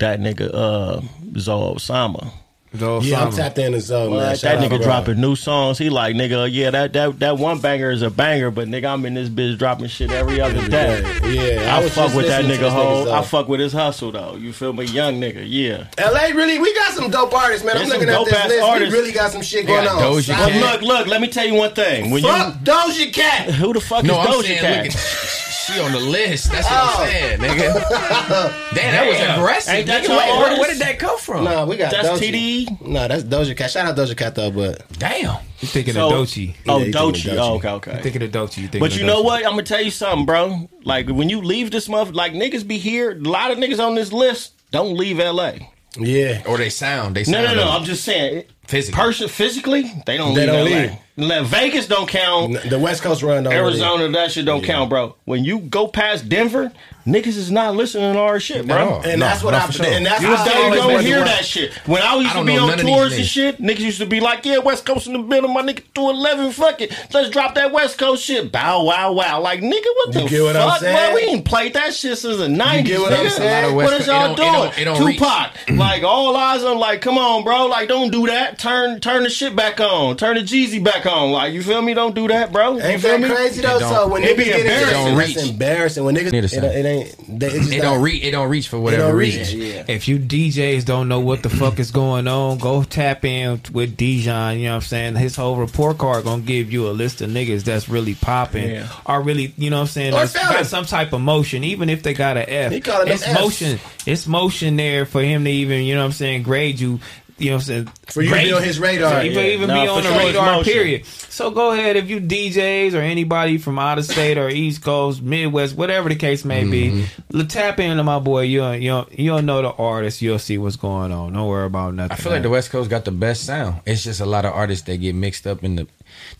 [SPEAKER 3] That nigga uh, Zol Sama.
[SPEAKER 2] Yeah, I'm tapped in the zone, man.
[SPEAKER 3] What?
[SPEAKER 2] Shout
[SPEAKER 3] That
[SPEAKER 2] out,
[SPEAKER 3] nigga
[SPEAKER 2] bro.
[SPEAKER 3] dropping new songs. He like nigga, yeah, that, that that one banger is a banger, but nigga, I'm in this bitch dropping shit every other day.
[SPEAKER 2] Yeah,
[SPEAKER 3] I,
[SPEAKER 2] I was
[SPEAKER 3] fuck
[SPEAKER 2] just
[SPEAKER 3] with that
[SPEAKER 2] listening to
[SPEAKER 3] nigga
[SPEAKER 2] this nigga's
[SPEAKER 3] whole. I
[SPEAKER 2] song.
[SPEAKER 3] fuck with his hustle though. You feel me, young nigga? Yeah.
[SPEAKER 2] LA really, we got some dope artists, man. I'm
[SPEAKER 3] There's some
[SPEAKER 2] looking at this
[SPEAKER 3] dope-ass
[SPEAKER 2] list.
[SPEAKER 3] artists.
[SPEAKER 2] We really got some shit
[SPEAKER 3] They
[SPEAKER 2] going
[SPEAKER 3] got
[SPEAKER 2] on.
[SPEAKER 3] Doja
[SPEAKER 2] Shout-
[SPEAKER 3] Cat. Look, look, let me tell you one thing. When you-
[SPEAKER 2] Fuck Doja Cat.
[SPEAKER 3] Who the fuck
[SPEAKER 10] No,
[SPEAKER 3] is
[SPEAKER 10] I'm
[SPEAKER 3] Doja
[SPEAKER 10] saying,
[SPEAKER 3] Cat?
[SPEAKER 10] look at- She on the list. That's what
[SPEAKER 2] Oh.
[SPEAKER 10] I'm saying, nigga. Damn, that was aggressive.
[SPEAKER 3] Ain't that
[SPEAKER 10] nigga.
[SPEAKER 3] your
[SPEAKER 10] Wait, where,
[SPEAKER 3] artist?
[SPEAKER 10] where did that come from?
[SPEAKER 2] Nah, we got
[SPEAKER 10] That's
[SPEAKER 2] Doja.
[SPEAKER 10] TD?
[SPEAKER 2] Nah, that's Doja Cat. Shout out Doja Cat though, but
[SPEAKER 10] damn.
[SPEAKER 1] You thinking
[SPEAKER 3] So-
[SPEAKER 1] of Dochi?
[SPEAKER 3] Oh, Dochi. Oh, okay, okay.
[SPEAKER 1] You thinking of Dochi? You thinking
[SPEAKER 3] But
[SPEAKER 1] of
[SPEAKER 3] you know
[SPEAKER 1] Dochi.
[SPEAKER 3] what? I'm gonna tell you something, bro. Like when you leave this month, like niggas be here. A lot of niggas on this list don't leave LA.
[SPEAKER 2] Yeah.
[SPEAKER 10] Or they sound. They
[SPEAKER 3] No,
[SPEAKER 10] sound.
[SPEAKER 3] no, no.
[SPEAKER 10] like-
[SPEAKER 3] I'm just saying,
[SPEAKER 10] Physically.
[SPEAKER 3] person physically, they don't
[SPEAKER 2] They
[SPEAKER 3] leave
[SPEAKER 2] don't
[SPEAKER 3] LA.
[SPEAKER 2] leave.
[SPEAKER 3] Le- Vegas don't count.
[SPEAKER 2] the West Coast run don't
[SPEAKER 3] Arizona, that shit don't count, bro. When you go past Denver, niggas is not listening to our shit, bro.
[SPEAKER 2] No, And no, that's what no, I- for sure. and that's
[SPEAKER 3] you
[SPEAKER 2] what I
[SPEAKER 3] don't
[SPEAKER 2] always
[SPEAKER 3] don't
[SPEAKER 2] wondered
[SPEAKER 3] hear
[SPEAKER 2] why.
[SPEAKER 3] that shit. When I used
[SPEAKER 10] I
[SPEAKER 3] to
[SPEAKER 10] don't
[SPEAKER 3] be
[SPEAKER 10] know
[SPEAKER 3] on
[SPEAKER 10] none of these
[SPEAKER 3] tours and
[SPEAKER 10] niggas.
[SPEAKER 3] shit, niggas used to be like, "Yeah, West Coast in the building, my nigga, two eleven, fuck it, let's drop that West Coast shit." Bow wow wow, like nigga, what
[SPEAKER 2] You
[SPEAKER 3] the
[SPEAKER 2] get what I'm
[SPEAKER 3] fuck,
[SPEAKER 2] saying?
[SPEAKER 3] bro? We ain't played that shit since the nineties.
[SPEAKER 2] get what I'm saying? A lot of
[SPEAKER 3] What
[SPEAKER 2] West
[SPEAKER 3] is
[SPEAKER 2] Co- it
[SPEAKER 3] y'all
[SPEAKER 2] don't- it
[SPEAKER 3] doing?
[SPEAKER 2] don't- it don't
[SPEAKER 3] Tupac, like all eyes on, like, come on, bro, like don't do that. Turn turn the shit back on. Turn the Jeezy back on. Like you feel me? Don't do that, bro. You
[SPEAKER 2] Ain't
[SPEAKER 3] feel
[SPEAKER 2] that
[SPEAKER 3] me?
[SPEAKER 2] crazy though?
[SPEAKER 10] It don't-
[SPEAKER 2] So when
[SPEAKER 3] it
[SPEAKER 2] niggas
[SPEAKER 3] be
[SPEAKER 2] get into
[SPEAKER 3] embarrassing.
[SPEAKER 2] shit,
[SPEAKER 10] Don't
[SPEAKER 2] that's
[SPEAKER 10] reach.
[SPEAKER 2] embarrassing. When niggas,
[SPEAKER 10] Need a
[SPEAKER 2] it,
[SPEAKER 10] sign.
[SPEAKER 2] it ain't. They, it's just
[SPEAKER 10] It
[SPEAKER 2] not-
[SPEAKER 10] don't reach. It don't reach for
[SPEAKER 2] It
[SPEAKER 10] whatever
[SPEAKER 2] don't
[SPEAKER 10] reason.
[SPEAKER 1] If you DJs don't know what the fuck is going on, go tap in with Dijon. You know what I'm saying? His whole report card gonna give you a list of niggas that's really popping
[SPEAKER 2] Yeah.
[SPEAKER 1] or really, you know what I'm saying?
[SPEAKER 2] Or
[SPEAKER 1] that's got
[SPEAKER 2] felon.
[SPEAKER 1] some type of motion, even if they got an F.
[SPEAKER 2] He calling them
[SPEAKER 1] It's
[SPEAKER 2] Fs.
[SPEAKER 1] motion. It's motion there for him to even, you know what I'm saying, grade you. you know what I'm saying?
[SPEAKER 2] For you to be on his radar.
[SPEAKER 1] So you may
[SPEAKER 2] Yeah.
[SPEAKER 1] even
[SPEAKER 2] Nah,
[SPEAKER 1] be
[SPEAKER 2] for
[SPEAKER 1] on the
[SPEAKER 2] sure.
[SPEAKER 1] radar,
[SPEAKER 2] Promotion.
[SPEAKER 1] period. So go ahead, if you DJs or anybody from out of state or East Coast, Midwest, whatever the case may be,
[SPEAKER 2] Mm-hmm.
[SPEAKER 1] l- tap into my boy. You'll, you'll, you'll know the artist. You'll see what's going on. Don't worry about nothing.
[SPEAKER 4] I feel like the West Coast got the best sound. It's just a lot of artists that get mixed up in the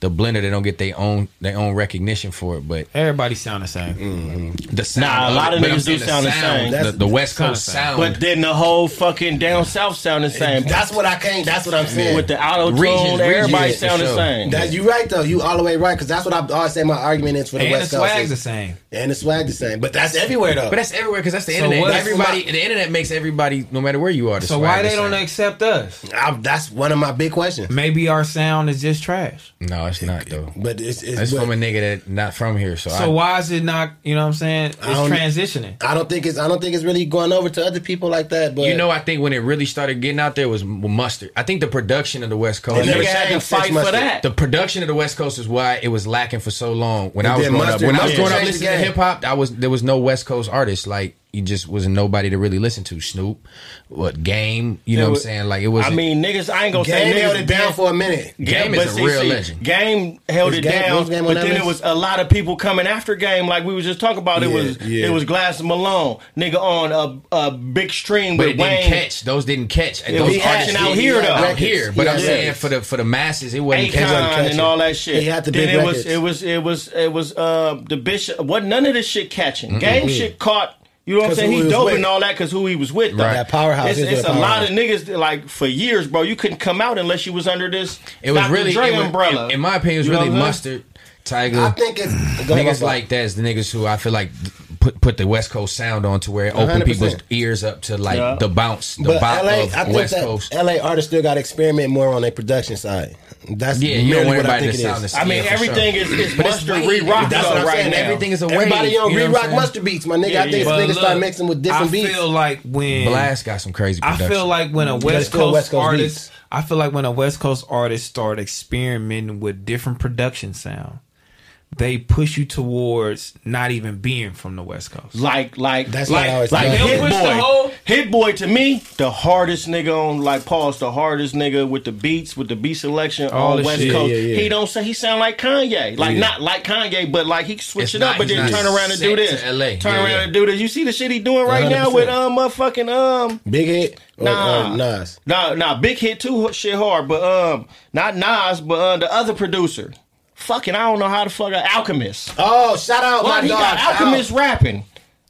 [SPEAKER 4] the blender. They don't get their own their own recognition for it. But
[SPEAKER 1] everybody sound the same.
[SPEAKER 2] Mm.
[SPEAKER 4] The sound,
[SPEAKER 3] Nah, a
[SPEAKER 4] of
[SPEAKER 3] lot
[SPEAKER 4] it,
[SPEAKER 3] of
[SPEAKER 4] but I'm
[SPEAKER 3] niggas do
[SPEAKER 4] saying the
[SPEAKER 3] sound the same.
[SPEAKER 4] The, the West Coast sound,
[SPEAKER 3] But then the whole fucking down south sound the same.
[SPEAKER 2] That's what I can't. That's what I'm saying.
[SPEAKER 3] With the auto
[SPEAKER 2] Regions,
[SPEAKER 3] tune, everybody
[SPEAKER 2] regions,
[SPEAKER 3] sound the
[SPEAKER 2] for sure.
[SPEAKER 3] same.
[SPEAKER 2] That, you right though. You all the way right because that's what I always say. My argument is for the
[SPEAKER 3] And
[SPEAKER 2] West
[SPEAKER 3] the
[SPEAKER 2] Coast.
[SPEAKER 3] swag's
[SPEAKER 2] is-
[SPEAKER 3] the
[SPEAKER 1] same.
[SPEAKER 2] And the swag the same. But that's everywhere though.
[SPEAKER 4] But that's everywhere because that's the
[SPEAKER 2] So
[SPEAKER 4] internet.
[SPEAKER 2] what-
[SPEAKER 4] everybody, the internet makes everybody, no matter where you are. the swag the same.
[SPEAKER 1] accept us?
[SPEAKER 2] that's one of my big questions.
[SPEAKER 1] Maybe our sound is just trash.
[SPEAKER 4] No, it's not though.
[SPEAKER 2] But it's it's,
[SPEAKER 4] That's
[SPEAKER 2] but-
[SPEAKER 4] from a nigga that not from here. So,
[SPEAKER 1] So why is it not? You know what I'm saying? It's
[SPEAKER 2] I don't-
[SPEAKER 1] transitioning.
[SPEAKER 2] I don't think it's I don't think it's really going over to other people like that. But
[SPEAKER 4] I, you know, I think when it really started getting out there was mustard. I think the production of the West Coast.
[SPEAKER 2] And nigga had to fight for that.
[SPEAKER 4] The production of the West Coast is why it was lacking for so long. When
[SPEAKER 2] And
[SPEAKER 4] I was
[SPEAKER 2] then
[SPEAKER 4] growing
[SPEAKER 2] Mustard-
[SPEAKER 4] up, when I was
[SPEAKER 2] Mustard
[SPEAKER 4] growing up
[SPEAKER 2] changed the
[SPEAKER 4] listening
[SPEAKER 2] game.
[SPEAKER 4] to hip hop, I was there was no West Coast artist like. You just wasn't nobody to really listen to. Snoop, what game? You know what I'm saying? Like it was.
[SPEAKER 3] I mean, niggas. I ain't gonna say
[SPEAKER 4] Game
[SPEAKER 3] niggas
[SPEAKER 4] held it down
[SPEAKER 3] been-
[SPEAKER 2] for a minute.
[SPEAKER 4] Game is
[SPEAKER 3] but
[SPEAKER 4] a
[SPEAKER 3] see,
[SPEAKER 4] real
[SPEAKER 3] see,
[SPEAKER 4] legend.
[SPEAKER 3] Game held
[SPEAKER 4] Is
[SPEAKER 3] it
[SPEAKER 4] Game-
[SPEAKER 3] down,
[SPEAKER 4] was Game on
[SPEAKER 3] but
[SPEAKER 4] that
[SPEAKER 3] then
[SPEAKER 4] list?
[SPEAKER 3] it was a lot of people coming after Game, like we was just talking about. it
[SPEAKER 4] Yeah,
[SPEAKER 3] was
[SPEAKER 4] yeah.
[SPEAKER 3] it was Glass Malone, nigga on a, a big stream
[SPEAKER 4] but
[SPEAKER 3] with
[SPEAKER 4] it
[SPEAKER 3] Wayne.
[SPEAKER 4] didn't catch. Those didn't catch.
[SPEAKER 3] Yeah,
[SPEAKER 4] Those
[SPEAKER 3] he catching out
[SPEAKER 4] didn't-
[SPEAKER 3] here, though.
[SPEAKER 4] out here. But I'm
[SPEAKER 3] Yeah.
[SPEAKER 4] saying for the for the masses, it wasn't
[SPEAKER 3] Akon
[SPEAKER 4] catching
[SPEAKER 3] and all that shit.
[SPEAKER 4] He had the
[SPEAKER 3] then
[SPEAKER 4] big
[SPEAKER 3] it was
[SPEAKER 4] records.
[SPEAKER 3] it was it was it was uh, the bishop. What none of this shit catching.
[SPEAKER 4] Mm-mm.
[SPEAKER 3] Game shit caught. You know what I'm
[SPEAKER 2] 'Cause
[SPEAKER 3] saying?
[SPEAKER 2] who
[SPEAKER 3] He
[SPEAKER 2] he was
[SPEAKER 3] dope
[SPEAKER 2] with.
[SPEAKER 3] and all that because who he was with. Though.
[SPEAKER 2] Right. That powerhouse,
[SPEAKER 3] It's,
[SPEAKER 2] he was
[SPEAKER 3] it's a
[SPEAKER 2] with a
[SPEAKER 3] lot of niggas that, like for years, bro. You couldn't come out unless you was under this.
[SPEAKER 4] It was
[SPEAKER 3] Dr.
[SPEAKER 4] really
[SPEAKER 3] Dre
[SPEAKER 4] it was-
[SPEAKER 3] umbrella.
[SPEAKER 4] In, in my opinion, it was
[SPEAKER 3] You know
[SPEAKER 4] really
[SPEAKER 3] what I'm saying?
[SPEAKER 4] mustard, Tiger.
[SPEAKER 2] I think it's go ahead, my
[SPEAKER 4] niggas
[SPEAKER 2] fault.
[SPEAKER 4] like that is the niggas who I feel like put put the West Coast sound on to where it opened
[SPEAKER 2] 100%.
[SPEAKER 4] people's ears up to like
[SPEAKER 2] Yeah.
[SPEAKER 4] the bounce, the
[SPEAKER 2] but
[SPEAKER 4] bounce
[SPEAKER 2] LA,
[SPEAKER 4] of
[SPEAKER 2] I think
[SPEAKER 4] West
[SPEAKER 2] that
[SPEAKER 4] Coast.
[SPEAKER 2] LA artists still got to experiment more on their production side. That's
[SPEAKER 4] Yeah, you
[SPEAKER 2] merely
[SPEAKER 4] don't want
[SPEAKER 2] what I
[SPEAKER 4] everybody
[SPEAKER 2] think
[SPEAKER 4] to
[SPEAKER 2] it
[SPEAKER 4] sound
[SPEAKER 2] is.
[SPEAKER 4] the same, I mean, for everything sure. is- is But it's mustard wave. re-rock
[SPEAKER 2] That's
[SPEAKER 4] though
[SPEAKER 2] what I'm
[SPEAKER 4] right
[SPEAKER 2] saying.
[SPEAKER 4] now.
[SPEAKER 2] Everything is a
[SPEAKER 4] Everybody
[SPEAKER 2] Everybody
[SPEAKER 4] on
[SPEAKER 2] on
[SPEAKER 4] re-rock
[SPEAKER 2] re-rock mustard
[SPEAKER 4] mustard
[SPEAKER 2] beats, my nigga. I think
[SPEAKER 1] But
[SPEAKER 2] niggas start
[SPEAKER 1] look,
[SPEAKER 2] mixing with different
[SPEAKER 1] I
[SPEAKER 2] beats.
[SPEAKER 1] feel like when
[SPEAKER 4] Blast got some crazy.
[SPEAKER 1] I
[SPEAKER 4] Production.
[SPEAKER 1] feel like when a
[SPEAKER 2] But it's
[SPEAKER 1] West
[SPEAKER 2] still
[SPEAKER 1] Coast,
[SPEAKER 2] West Coast
[SPEAKER 1] artist, I feel like when a West Coast artist start experimenting with different production sound, they push you towards not even being from the West Coast.
[SPEAKER 3] Like, like,
[SPEAKER 1] That's
[SPEAKER 3] like,
[SPEAKER 1] what I always
[SPEAKER 3] like
[SPEAKER 1] thought.
[SPEAKER 3] Hit
[SPEAKER 1] They'll push the
[SPEAKER 3] Boy.
[SPEAKER 1] whole-
[SPEAKER 3] Hit Boy to me, the hardest nigga on like Paul's the hardest nigga with the beats, with the beat selection
[SPEAKER 1] All
[SPEAKER 3] on
[SPEAKER 1] this
[SPEAKER 3] West
[SPEAKER 1] shit.
[SPEAKER 3] Coast.
[SPEAKER 1] Yeah, yeah, yeah.
[SPEAKER 3] He don't say he sound like Kanye, like
[SPEAKER 1] Yeah.
[SPEAKER 3] not like Kanye, but like he can switch
[SPEAKER 4] It's
[SPEAKER 3] it
[SPEAKER 4] not-
[SPEAKER 3] up, but
[SPEAKER 4] he's
[SPEAKER 3] then
[SPEAKER 4] not
[SPEAKER 3] turn around and
[SPEAKER 4] set
[SPEAKER 3] do this,
[SPEAKER 4] to LA.
[SPEAKER 3] turn
[SPEAKER 4] Yeah,
[SPEAKER 3] around
[SPEAKER 4] yeah.
[SPEAKER 3] and do this. You see the shit he doing right now
[SPEAKER 2] 100%.
[SPEAKER 3] with um motherfucking um
[SPEAKER 2] Big Hit or
[SPEAKER 3] Nah,
[SPEAKER 2] um, Nas.
[SPEAKER 3] Nah, nah, big hit too shit hard, but um not Nas, but uh, the other producer. Fucking, I don't know how the fuck Alchemist.
[SPEAKER 2] Oh, shout out
[SPEAKER 3] Well,
[SPEAKER 2] my
[SPEAKER 3] he got
[SPEAKER 2] dog,
[SPEAKER 3] Alchemist rapping.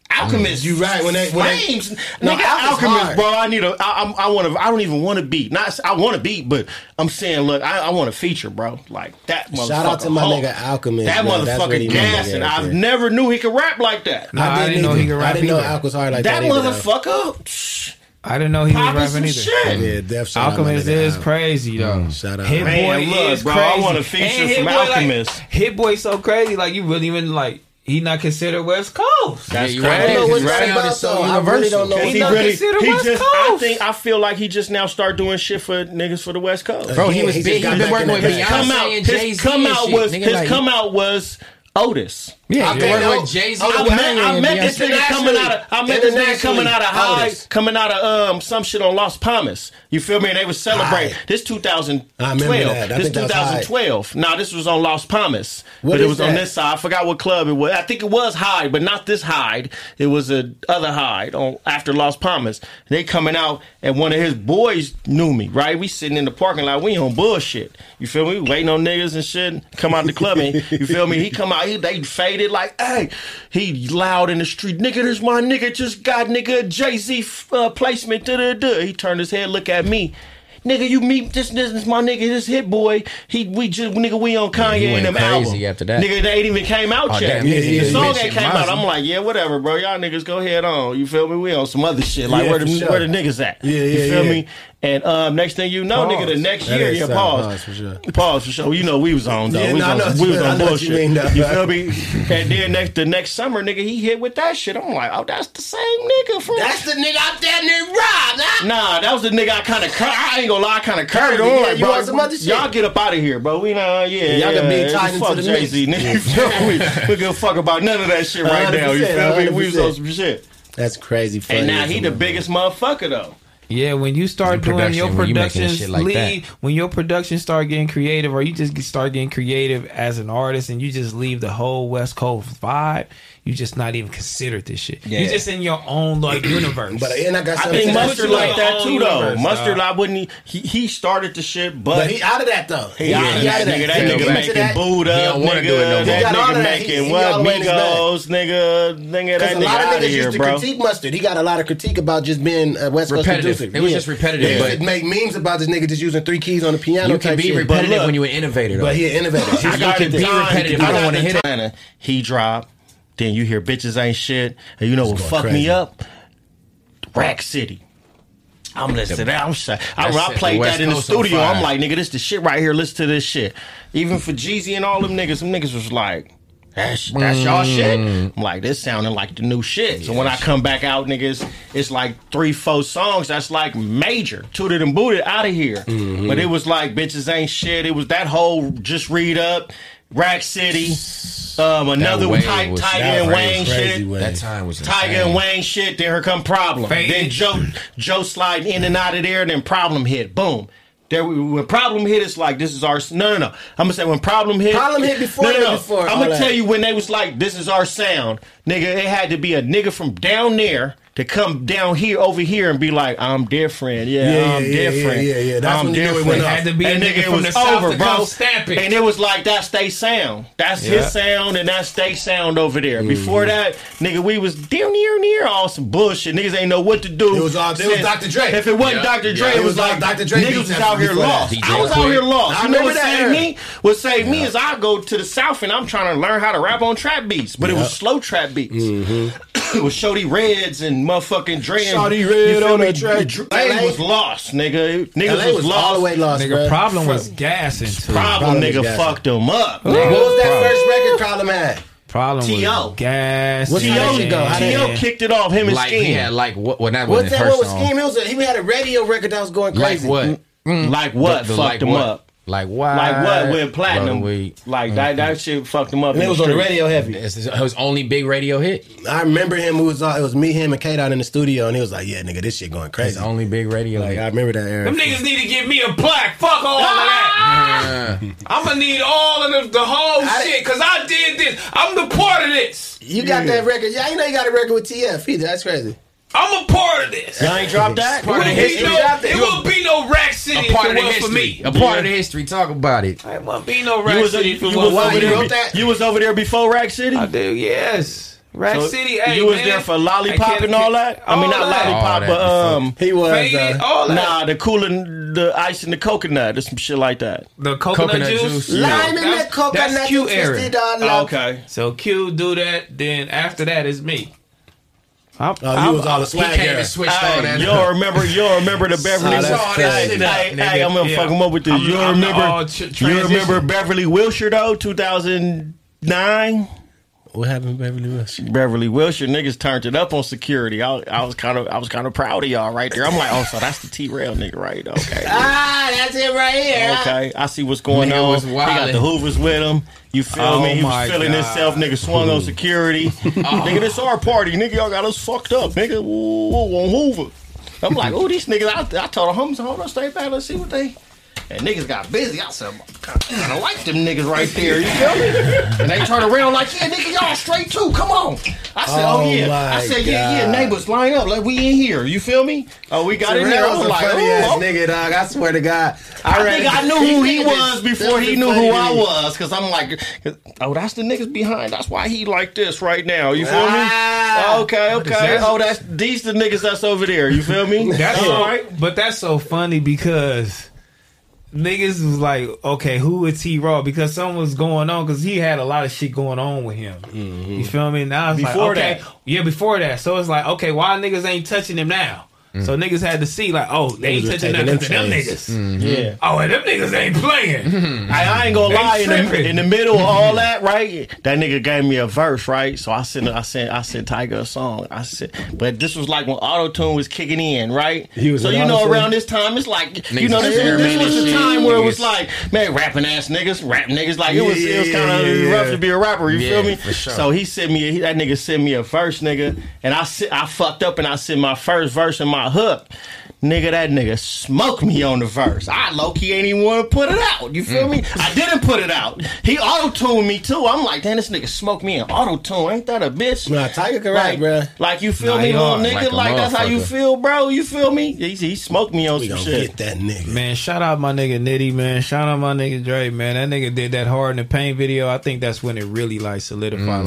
[SPEAKER 3] Alchemist,
[SPEAKER 2] You right, when they- when they-
[SPEAKER 3] flames.
[SPEAKER 2] No,
[SPEAKER 3] nigga,
[SPEAKER 2] Alchemist
[SPEAKER 3] Alchemist,
[SPEAKER 2] hard.
[SPEAKER 3] bro. I need a. I, I'm- I want to. I don't even want to beat. Not. I want to beat, but I'm saying, look, I, I want to feature, bro. Like that.
[SPEAKER 2] Shout out
[SPEAKER 3] motherfucker
[SPEAKER 2] to my
[SPEAKER 3] hard.
[SPEAKER 2] nigga Alchemist,
[SPEAKER 3] That
[SPEAKER 2] bro. That's what he my
[SPEAKER 3] motherfucker
[SPEAKER 2] nigga
[SPEAKER 3] gassing.
[SPEAKER 2] right
[SPEAKER 3] I
[SPEAKER 2] there.
[SPEAKER 3] never knew he could rap like that.
[SPEAKER 1] Nah, I didn't know he could
[SPEAKER 2] I
[SPEAKER 1] rap
[SPEAKER 2] didn't know
[SPEAKER 1] either.
[SPEAKER 2] Alchemist hard like
[SPEAKER 3] that
[SPEAKER 2] that. either, though.
[SPEAKER 3] motherfucker.
[SPEAKER 1] I didn't know he was
[SPEAKER 3] Poppin' some
[SPEAKER 1] rapping either.
[SPEAKER 3] shit. Yeah,
[SPEAKER 2] Def shout out my
[SPEAKER 1] Alchemist
[SPEAKER 2] nigga
[SPEAKER 1] is
[SPEAKER 2] Al.
[SPEAKER 1] crazy though.
[SPEAKER 2] shout out.
[SPEAKER 1] Hit boy
[SPEAKER 3] Man, look,
[SPEAKER 1] is
[SPEAKER 3] bro, I
[SPEAKER 1] crazy.
[SPEAKER 3] wanna feature
[SPEAKER 1] And
[SPEAKER 3] from
[SPEAKER 1] Hit Boy, like-
[SPEAKER 3] Alchemist.
[SPEAKER 1] Hit boy so crazy, like you really even like he not considered West Coast.
[SPEAKER 3] That's Yeah, you crazy. right. His rap is so
[SPEAKER 2] universal. don't know
[SPEAKER 3] Cause
[SPEAKER 2] what
[SPEAKER 3] he
[SPEAKER 2] he's
[SPEAKER 3] really,
[SPEAKER 2] considered
[SPEAKER 3] he
[SPEAKER 2] West
[SPEAKER 3] just, I
[SPEAKER 2] Coast.
[SPEAKER 3] think, I feel like he just now start doing shit for niggas for the West Coast.
[SPEAKER 4] Bro, he was He just big. got He been back working in with that Beyonce
[SPEAKER 3] come out,
[SPEAKER 4] and Jay-Z
[SPEAKER 3] His come
[SPEAKER 4] and
[SPEAKER 3] out
[SPEAKER 4] shit,
[SPEAKER 3] was,
[SPEAKER 4] nigga,
[SPEAKER 3] his
[SPEAKER 4] like-
[SPEAKER 3] come out was Otis.
[SPEAKER 4] Yeah, he worked with Jay-Z
[SPEAKER 3] I
[SPEAKER 4] and
[SPEAKER 3] met,
[SPEAKER 4] Kanye
[SPEAKER 3] Oh, I
[SPEAKER 4] and
[SPEAKER 3] met this
[SPEAKER 4] Beyonce.
[SPEAKER 3] nigga coming out of, I met this nigga
[SPEAKER 2] Internationally,
[SPEAKER 3] coming out of high,
[SPEAKER 2] Otis.
[SPEAKER 3] coming out of um some shit on Las Palmas. You feel me? And they was celebrating.
[SPEAKER 2] High.
[SPEAKER 3] This 2012.
[SPEAKER 2] I remember that. I
[SPEAKER 3] this
[SPEAKER 2] think that was high.
[SPEAKER 3] 2012. Nah, this was on Las Palmas,
[SPEAKER 2] What
[SPEAKER 3] but it
[SPEAKER 2] is
[SPEAKER 3] was on
[SPEAKER 2] that?
[SPEAKER 3] this side. I forgot what club it was. I think it was Hyde, but not this Hyde. It was a other Hyde on after Las Palmas. They coming out, and one of his boys knew me. Right, we sitting in the parking lot. We on bullshit. You feel me? We waiting on niggas and shit. Come out the club, and you feel me? He come out. He, they faded like, hey, he loud in the street. Nigga, this my nigga just got nigga Jay Z uh, placement. Da da da. He turned his head, look at me. Nigga, you meet this, this is my nigga, this hit boy. He we just nigga, we on Kanye
[SPEAKER 4] he went
[SPEAKER 3] and them
[SPEAKER 4] crazy
[SPEAKER 3] album.
[SPEAKER 4] after that.
[SPEAKER 3] Nigga, they ain't even came out
[SPEAKER 4] Oh,
[SPEAKER 3] yet.
[SPEAKER 4] damn, yeah,
[SPEAKER 3] the
[SPEAKER 4] yeah, yeah.
[SPEAKER 3] song
[SPEAKER 4] Mention
[SPEAKER 3] ain't came
[SPEAKER 4] Mozzie.
[SPEAKER 3] out. I'm like, yeah, whatever, bro. Y'all niggas go head on. You feel me? We on some other shit. Like
[SPEAKER 2] Yeah,
[SPEAKER 3] where the
[SPEAKER 2] for sure.
[SPEAKER 3] where the niggas at?
[SPEAKER 2] Yeah,
[SPEAKER 3] You
[SPEAKER 2] yeah,
[SPEAKER 3] feel
[SPEAKER 2] yeah.
[SPEAKER 3] me? And um, next thing you know, nigga, the
[SPEAKER 2] Pause.
[SPEAKER 3] next
[SPEAKER 2] That
[SPEAKER 3] year,
[SPEAKER 2] is
[SPEAKER 3] yeah,
[SPEAKER 2] sound.
[SPEAKER 3] pause.
[SPEAKER 2] Pause for sure.
[SPEAKER 3] Pause for sure. You know we was on though.
[SPEAKER 2] Yeah,
[SPEAKER 3] we was
[SPEAKER 2] no, I
[SPEAKER 3] on,
[SPEAKER 2] know what
[SPEAKER 3] we
[SPEAKER 2] you-
[SPEAKER 3] was
[SPEAKER 2] I
[SPEAKER 3] on
[SPEAKER 2] know what
[SPEAKER 3] bullshit.
[SPEAKER 2] you mean, though.
[SPEAKER 3] you feel me? And then next the next summer, nigga, he hit with that shit. I'm like, oh, that's the same nigga from
[SPEAKER 2] That's the nigga out there near Rob.
[SPEAKER 3] Nah, that was the nigga I kind of. Cur- I ain't gonna lie, I kind of curved
[SPEAKER 2] Yeah,
[SPEAKER 3] on.
[SPEAKER 2] you
[SPEAKER 3] like, bro,
[SPEAKER 2] want some other shit?
[SPEAKER 3] y'all get up out of here, bro. We know, yeah,
[SPEAKER 2] Y'all
[SPEAKER 3] yeah,
[SPEAKER 2] can be
[SPEAKER 3] yeah,
[SPEAKER 2] tied into
[SPEAKER 3] fuck
[SPEAKER 2] the
[SPEAKER 3] Jay Z,
[SPEAKER 2] mix.
[SPEAKER 3] nigga. You feel me? We give a fuck about none of that shit right now. You
[SPEAKER 2] 100%,
[SPEAKER 3] feel me? We was on
[SPEAKER 2] 100%.
[SPEAKER 3] some shit.
[SPEAKER 2] That's crazy.
[SPEAKER 3] And now he the biggest motherfucker though.
[SPEAKER 1] Yeah, when you start
[SPEAKER 4] Your
[SPEAKER 1] doing your
[SPEAKER 4] production, when you making
[SPEAKER 1] productions,
[SPEAKER 4] shit like
[SPEAKER 1] leave when your production start getting creative, or you just get- start getting creative as an artist, and you just leave the whole West Coast vibe. You just not even considered this shit.
[SPEAKER 3] Yeah.
[SPEAKER 1] You just in your own like universe.
[SPEAKER 2] But, uh, and I got
[SPEAKER 3] I think Mustard like that too, though. Mustard, I wouldn't. e-, He, he started the shit, but,
[SPEAKER 2] But he out of that, though. He
[SPEAKER 3] He
[SPEAKER 2] out-
[SPEAKER 3] out
[SPEAKER 2] he out of that.
[SPEAKER 3] nigga. That
[SPEAKER 2] Yeah,
[SPEAKER 3] nigga
[SPEAKER 2] back to
[SPEAKER 3] making
[SPEAKER 2] that.
[SPEAKER 3] Buddha.
[SPEAKER 2] He don't wanna
[SPEAKER 3] nigga.
[SPEAKER 2] do it no more. He
[SPEAKER 3] That
[SPEAKER 2] got all
[SPEAKER 3] nigga
[SPEAKER 2] that. He-
[SPEAKER 3] making
[SPEAKER 2] he
[SPEAKER 3] what?
[SPEAKER 2] all in his
[SPEAKER 3] Migos, nigga, nigga.
[SPEAKER 2] Because
[SPEAKER 3] That
[SPEAKER 2] a lot
[SPEAKER 3] nigga
[SPEAKER 2] of
[SPEAKER 3] out
[SPEAKER 2] niggas
[SPEAKER 3] of here,
[SPEAKER 2] used to
[SPEAKER 3] bro.
[SPEAKER 2] critique Mustard. He got a lot of critique about just being a West Coast
[SPEAKER 10] Repetitive.
[SPEAKER 2] producer.
[SPEAKER 10] It was just repetitive,
[SPEAKER 2] They
[SPEAKER 10] but-
[SPEAKER 2] used to make memes about this nigga just using three keys on the piano.
[SPEAKER 10] You can
[SPEAKER 2] type
[SPEAKER 10] be
[SPEAKER 2] shit.
[SPEAKER 10] repetitive
[SPEAKER 2] But look,
[SPEAKER 10] when you're an innovator. though.
[SPEAKER 2] But he an innovator.
[SPEAKER 10] You can be repetitive. I don't want to hit it.
[SPEAKER 3] it. He drop. Then you hear bitches ain't shit. And you know what
[SPEAKER 10] going
[SPEAKER 3] fuck me
[SPEAKER 10] crazy.
[SPEAKER 3] up? Rack City. I'm listening. to that. I'm sorry. I,
[SPEAKER 10] That's
[SPEAKER 3] I
[SPEAKER 10] it.
[SPEAKER 3] played
[SPEAKER 10] The West
[SPEAKER 3] that in the
[SPEAKER 10] Coast on
[SPEAKER 3] studio.
[SPEAKER 10] fire.
[SPEAKER 3] I'm like, nigga, this the shit right here. Listen to this shit. Even for Jeezy and all them niggas, some niggas was like, that's, that's y'all shit.
[SPEAKER 10] Mm.
[SPEAKER 3] I'm like, this sounding like the new shit. So when I come back out, niggas, it's like three, four songs that's like major. Tooted and booted out of here.
[SPEAKER 10] Mm-hmm.
[SPEAKER 3] But it was like bitches ain't shit. It was that whole just read up, Rack City, um, another
[SPEAKER 10] wave
[SPEAKER 3] Ty-
[SPEAKER 10] was-
[SPEAKER 3] Tiger
[SPEAKER 10] that
[SPEAKER 3] and
[SPEAKER 10] wave
[SPEAKER 3] Wayne
[SPEAKER 10] was crazy,
[SPEAKER 3] shit.
[SPEAKER 10] Wayne. That time was
[SPEAKER 3] Tiger
[SPEAKER 10] insane.
[SPEAKER 3] and Wayne shit. Then here come problem.
[SPEAKER 10] Fade.
[SPEAKER 3] Then Joe Joe sliding in and out of there. Then problem hit. Boom. There, we- when problem hit, it's like this is our no, no, no. I'm gonna say when problem hit,
[SPEAKER 2] Problem hit before
[SPEAKER 3] No, no,
[SPEAKER 2] that,
[SPEAKER 3] no.
[SPEAKER 2] before
[SPEAKER 3] I'm
[SPEAKER 2] all
[SPEAKER 3] gonna
[SPEAKER 2] that.
[SPEAKER 3] tell you when they was like, this is our sound, nigga. It had to be a nigga from down there to come down here over here and be like, I'm different, yeah,
[SPEAKER 2] Yeah,
[SPEAKER 3] I'm
[SPEAKER 2] yeah, yeah,
[SPEAKER 3] different,
[SPEAKER 2] yeah, yeah. That's
[SPEAKER 3] I'm
[SPEAKER 2] when you knew it
[SPEAKER 3] different.
[SPEAKER 2] went off. Had to be
[SPEAKER 3] and
[SPEAKER 2] a nigga
[SPEAKER 3] nigga, it
[SPEAKER 2] from
[SPEAKER 3] was
[SPEAKER 2] the South
[SPEAKER 3] over,
[SPEAKER 2] to
[SPEAKER 3] bro.
[SPEAKER 2] come stamp it.
[SPEAKER 3] And it was like that's they sound, that's
[SPEAKER 2] Yeah. Mm-hmm.
[SPEAKER 3] his sound, and that's they sound over there. Before that, nigga, we was damn near near all some bullshit. Niggas ain't know what to do. It was all
[SPEAKER 2] it was Dr. Dre.
[SPEAKER 3] If it wasn't
[SPEAKER 2] Yeah,
[SPEAKER 3] Dr.
[SPEAKER 2] yeah.
[SPEAKER 3] Dre,
[SPEAKER 2] It
[SPEAKER 3] it
[SPEAKER 2] was
[SPEAKER 3] was
[SPEAKER 2] all
[SPEAKER 3] like
[SPEAKER 2] Dr. Dre
[SPEAKER 3] Niggas
[SPEAKER 2] beats
[SPEAKER 3] was out here
[SPEAKER 2] before that.
[SPEAKER 3] lost.
[SPEAKER 2] DJ
[SPEAKER 3] I was out
[SPEAKER 2] Quick.
[SPEAKER 3] here lost.
[SPEAKER 2] I
[SPEAKER 3] You know
[SPEAKER 2] remember
[SPEAKER 3] what
[SPEAKER 2] that
[SPEAKER 3] saved
[SPEAKER 2] era.
[SPEAKER 3] me? What saved me is I go to the South and I'm trying to learn how to rap on trap beats, but it was slow trap beats.
[SPEAKER 2] Mm-hmm.
[SPEAKER 3] it was Shorty Reds and motherfucking Dre. and-
[SPEAKER 2] Shorty
[SPEAKER 3] you
[SPEAKER 2] Red
[SPEAKER 3] feel
[SPEAKER 2] on
[SPEAKER 3] me?
[SPEAKER 2] the track.
[SPEAKER 3] Dre was lost, nigga. Niggas
[SPEAKER 2] LA was
[SPEAKER 3] was lost.
[SPEAKER 2] all the way lost,
[SPEAKER 1] Nigga,
[SPEAKER 2] bruh.
[SPEAKER 1] problem
[SPEAKER 2] Fuck.
[SPEAKER 1] was gassing. Too.
[SPEAKER 3] Problem, nigga, fucked them up.
[SPEAKER 4] Oh,
[SPEAKER 2] What was that
[SPEAKER 1] Problem.
[SPEAKER 2] first record problem had?
[SPEAKER 1] Problem
[SPEAKER 2] T.O..
[SPEAKER 1] was gas.
[SPEAKER 2] What's how did you go? How did-
[SPEAKER 3] T.O. kicked it off him and
[SPEAKER 4] like,
[SPEAKER 3] Scheme.
[SPEAKER 4] He had like what? Well, that
[SPEAKER 2] What's
[SPEAKER 4] wasn't
[SPEAKER 2] that?
[SPEAKER 4] her
[SPEAKER 2] What was
[SPEAKER 4] song.
[SPEAKER 2] Scheme? He, was a, he had a radio record that was going
[SPEAKER 4] Like
[SPEAKER 2] crazy.
[SPEAKER 4] what?
[SPEAKER 3] Like what
[SPEAKER 4] The- the
[SPEAKER 3] fucked
[SPEAKER 4] like
[SPEAKER 3] him
[SPEAKER 4] what?
[SPEAKER 3] up?
[SPEAKER 4] Like why?
[SPEAKER 3] Like what? Went platinum.
[SPEAKER 4] Blow the weed.
[SPEAKER 3] Like that. That shit fucked him up.
[SPEAKER 2] And it
[SPEAKER 3] in
[SPEAKER 2] was on the
[SPEAKER 3] street.
[SPEAKER 2] radio heavy.
[SPEAKER 4] It's his, his only big radio hit.
[SPEAKER 2] I remember him. It was all, it was me, him, and K Dot in the studio, and he was like, "Yeah, nigga, this shit going
[SPEAKER 4] His
[SPEAKER 2] crazy."
[SPEAKER 4] only big radio
[SPEAKER 2] Like
[SPEAKER 4] hit.
[SPEAKER 2] I remember that era.
[SPEAKER 1] Them niggas need to give me a plaque. Fuck all of that. I'm gonna need all of the, the whole shit because I did this. I'm the part of this.
[SPEAKER 2] You got that record? Yeah, you know you got a record with TF either. That's crazy.
[SPEAKER 1] I'm a part of this.
[SPEAKER 3] Y'all ain't dropped that.
[SPEAKER 1] It won't be no, it won't be no rack city
[SPEAKER 4] a part
[SPEAKER 1] if
[SPEAKER 4] of
[SPEAKER 1] it
[SPEAKER 4] the
[SPEAKER 1] wasn't
[SPEAKER 4] history.
[SPEAKER 1] for me.
[SPEAKER 4] A part of the history. Talk about it.
[SPEAKER 1] It won't be no
[SPEAKER 3] You
[SPEAKER 1] rack
[SPEAKER 3] was,
[SPEAKER 1] city if
[SPEAKER 3] you,
[SPEAKER 1] it
[SPEAKER 3] was
[SPEAKER 1] wasn't
[SPEAKER 3] over
[SPEAKER 1] for
[SPEAKER 3] there,
[SPEAKER 1] me.
[SPEAKER 2] that?
[SPEAKER 3] you was over there before Rack City.
[SPEAKER 1] I do, yes. Rack
[SPEAKER 3] So
[SPEAKER 1] City,
[SPEAKER 3] you
[SPEAKER 1] hey,
[SPEAKER 3] was
[SPEAKER 1] man.
[SPEAKER 3] there for
[SPEAKER 1] I
[SPEAKER 3] lollipop
[SPEAKER 1] can't-
[SPEAKER 3] and all that. I mean,
[SPEAKER 1] all
[SPEAKER 3] not
[SPEAKER 1] that.
[SPEAKER 3] lollipop,
[SPEAKER 4] All
[SPEAKER 3] but
[SPEAKER 4] that.
[SPEAKER 3] um,
[SPEAKER 2] He was
[SPEAKER 1] Faded,
[SPEAKER 2] uh,
[SPEAKER 1] all that.
[SPEAKER 3] nah, the cooling, the ice and the coconut, or some shit like that.
[SPEAKER 1] the coconut,
[SPEAKER 4] Coconut
[SPEAKER 1] juice.
[SPEAKER 4] juice, yeah.
[SPEAKER 2] lime in the
[SPEAKER 1] That's-
[SPEAKER 2] coconut.
[SPEAKER 1] That's Q Oh,
[SPEAKER 2] and
[SPEAKER 1] era.
[SPEAKER 2] twisted all up.
[SPEAKER 3] okay,
[SPEAKER 1] So Q do that, then after that is me. I'm,
[SPEAKER 2] Oh, you was all the
[SPEAKER 4] He
[SPEAKER 2] swag
[SPEAKER 4] came
[SPEAKER 2] era.
[SPEAKER 4] and switched all
[SPEAKER 3] hey,
[SPEAKER 4] that.
[SPEAKER 3] y'all remember, y'all remember the Beverly.
[SPEAKER 2] that's
[SPEAKER 3] Wilshire-
[SPEAKER 2] crazy.
[SPEAKER 3] hey, hey, hey, I'm gonna
[SPEAKER 1] Yeah.
[SPEAKER 3] fuck him up with this.
[SPEAKER 1] I'm-
[SPEAKER 3] You
[SPEAKER 1] I'm the all
[SPEAKER 3] remember?
[SPEAKER 1] tr-
[SPEAKER 3] You remember
[SPEAKER 1] transition.
[SPEAKER 3] Beverly Wilshire though, 2009.
[SPEAKER 2] What happened, Beverly Wilson?
[SPEAKER 3] Beverly Wilshire niggas turned it up on security. I, I was kind of I was kind of proud of y'all right there. I'm like, oh, so that's the T Rail nigga, right? Okay.
[SPEAKER 2] Ah, that's it right
[SPEAKER 1] Oh,
[SPEAKER 2] here.
[SPEAKER 3] Okay, I see what's going
[SPEAKER 4] Nigga
[SPEAKER 3] on.
[SPEAKER 4] was
[SPEAKER 3] He got
[SPEAKER 4] wildin'.
[SPEAKER 3] the Hoovers with him. You feel
[SPEAKER 1] Oh
[SPEAKER 3] me? He
[SPEAKER 1] my
[SPEAKER 3] was feeling
[SPEAKER 1] God.
[SPEAKER 3] himself. Nigga swung on security.
[SPEAKER 4] Oh.
[SPEAKER 3] Nigga, this our party. Nigga, y'all got us fucked up. Nigga, Ooh, ooh, on Hoover. I'm like, oh, these niggas. I, I told the homies, hold on, stay back. Let's see what they. And niggas got busy. I said, I don't like them niggas right there. You feel me? And they turn around like, yeah, nigga, y'all straight too. Come on. I said, oh,
[SPEAKER 2] Oh,
[SPEAKER 3] yeah. I
[SPEAKER 2] my
[SPEAKER 3] said, yeah,
[SPEAKER 2] God.
[SPEAKER 3] yeah, neighbors, line up. Like, we in here. You feel me? Oh, we got in
[SPEAKER 2] Terrell
[SPEAKER 3] here. I
[SPEAKER 2] was
[SPEAKER 3] was
[SPEAKER 2] a
[SPEAKER 3] like,
[SPEAKER 2] funny
[SPEAKER 3] oh,
[SPEAKER 2] ass
[SPEAKER 3] okay.
[SPEAKER 2] nigga, dog. I swear to God.
[SPEAKER 3] I
[SPEAKER 2] read-
[SPEAKER 3] think I knew who he
[SPEAKER 2] These niggas-
[SPEAKER 3] was before he
[SPEAKER 2] them
[SPEAKER 3] knew
[SPEAKER 2] funny
[SPEAKER 3] who I
[SPEAKER 2] niggas.
[SPEAKER 3] was. Cause I'm like, oh, that's the niggas behind. That's why he like this right now. You feel
[SPEAKER 2] Ah.
[SPEAKER 3] me? Okay, okay. Oh, that's these the niggas that's over there. You feel me? Uh,
[SPEAKER 1] That's
[SPEAKER 3] all
[SPEAKER 1] so,
[SPEAKER 3] right.
[SPEAKER 1] Oh. But that's so funny because niggas was like, okay, who is T Raw? Because something was going on because he had a lot of shit going on with him. You feel me? Now it's
[SPEAKER 3] Before
[SPEAKER 1] like, okay,
[SPEAKER 3] that.
[SPEAKER 1] yeah, before that. So it's like, okay, why niggas ain't touching him now? So niggas had to see like, oh, they ain't
[SPEAKER 2] Niggas
[SPEAKER 1] touching
[SPEAKER 2] taking
[SPEAKER 1] nothing to
[SPEAKER 2] them
[SPEAKER 1] them niggas.
[SPEAKER 3] Yeah.
[SPEAKER 1] Oh, and them niggas ain't playing.
[SPEAKER 3] I, I ain't gonna
[SPEAKER 1] They
[SPEAKER 3] lie. In the,
[SPEAKER 1] tripping.
[SPEAKER 3] in the middle of all that, right? That nigga gave me a verse, right? So I sent, I sent, I sent Tiger a song. I said, but this was like when auto tune was kicking in, right?
[SPEAKER 2] He was
[SPEAKER 3] so
[SPEAKER 2] in
[SPEAKER 3] you know,
[SPEAKER 2] auto-tune?
[SPEAKER 3] around this time, it's like you know, this, was- this was the
[SPEAKER 4] experimenting
[SPEAKER 3] time where it was
[SPEAKER 4] shit.
[SPEAKER 3] like, man, rapping ass niggas, rap niggas, like it was, it was
[SPEAKER 2] Yeah,
[SPEAKER 3] kind of
[SPEAKER 2] yeah, yeah.
[SPEAKER 3] rough to be a rapper. You
[SPEAKER 4] Yeah,
[SPEAKER 3] feel me?
[SPEAKER 4] for sure.
[SPEAKER 3] So he sent me a, he- that nigga sent me a verse, nigga, and I si- I fucked up and I sent my first verse and my hook. Nigga, that nigga smoked me on the verse. I low key ain't even want to put it out. You
[SPEAKER 2] Mm.
[SPEAKER 3] feel me? I didn't put it out. He auto tuned me too. I'm like, damn, this nigga smoked me in auto tune. Ain't that a bitch? Nah,
[SPEAKER 2] Tiger can rap,
[SPEAKER 3] like,
[SPEAKER 2] bruh.
[SPEAKER 3] Like you feel
[SPEAKER 2] Nah,
[SPEAKER 3] me,
[SPEAKER 2] he
[SPEAKER 3] little
[SPEAKER 2] hard, like
[SPEAKER 3] nigga?
[SPEAKER 2] a
[SPEAKER 3] Like, that's how you
[SPEAKER 2] motherfucker.
[SPEAKER 3] feel, bro. You feel me? He, he smoked me on some shit.
[SPEAKER 2] that nigga.
[SPEAKER 1] Man, shout out my nigga Nitty, man. Shout out my nigga Dre, man. That nigga did that hard in the pain video. I think that's when it really like solidified,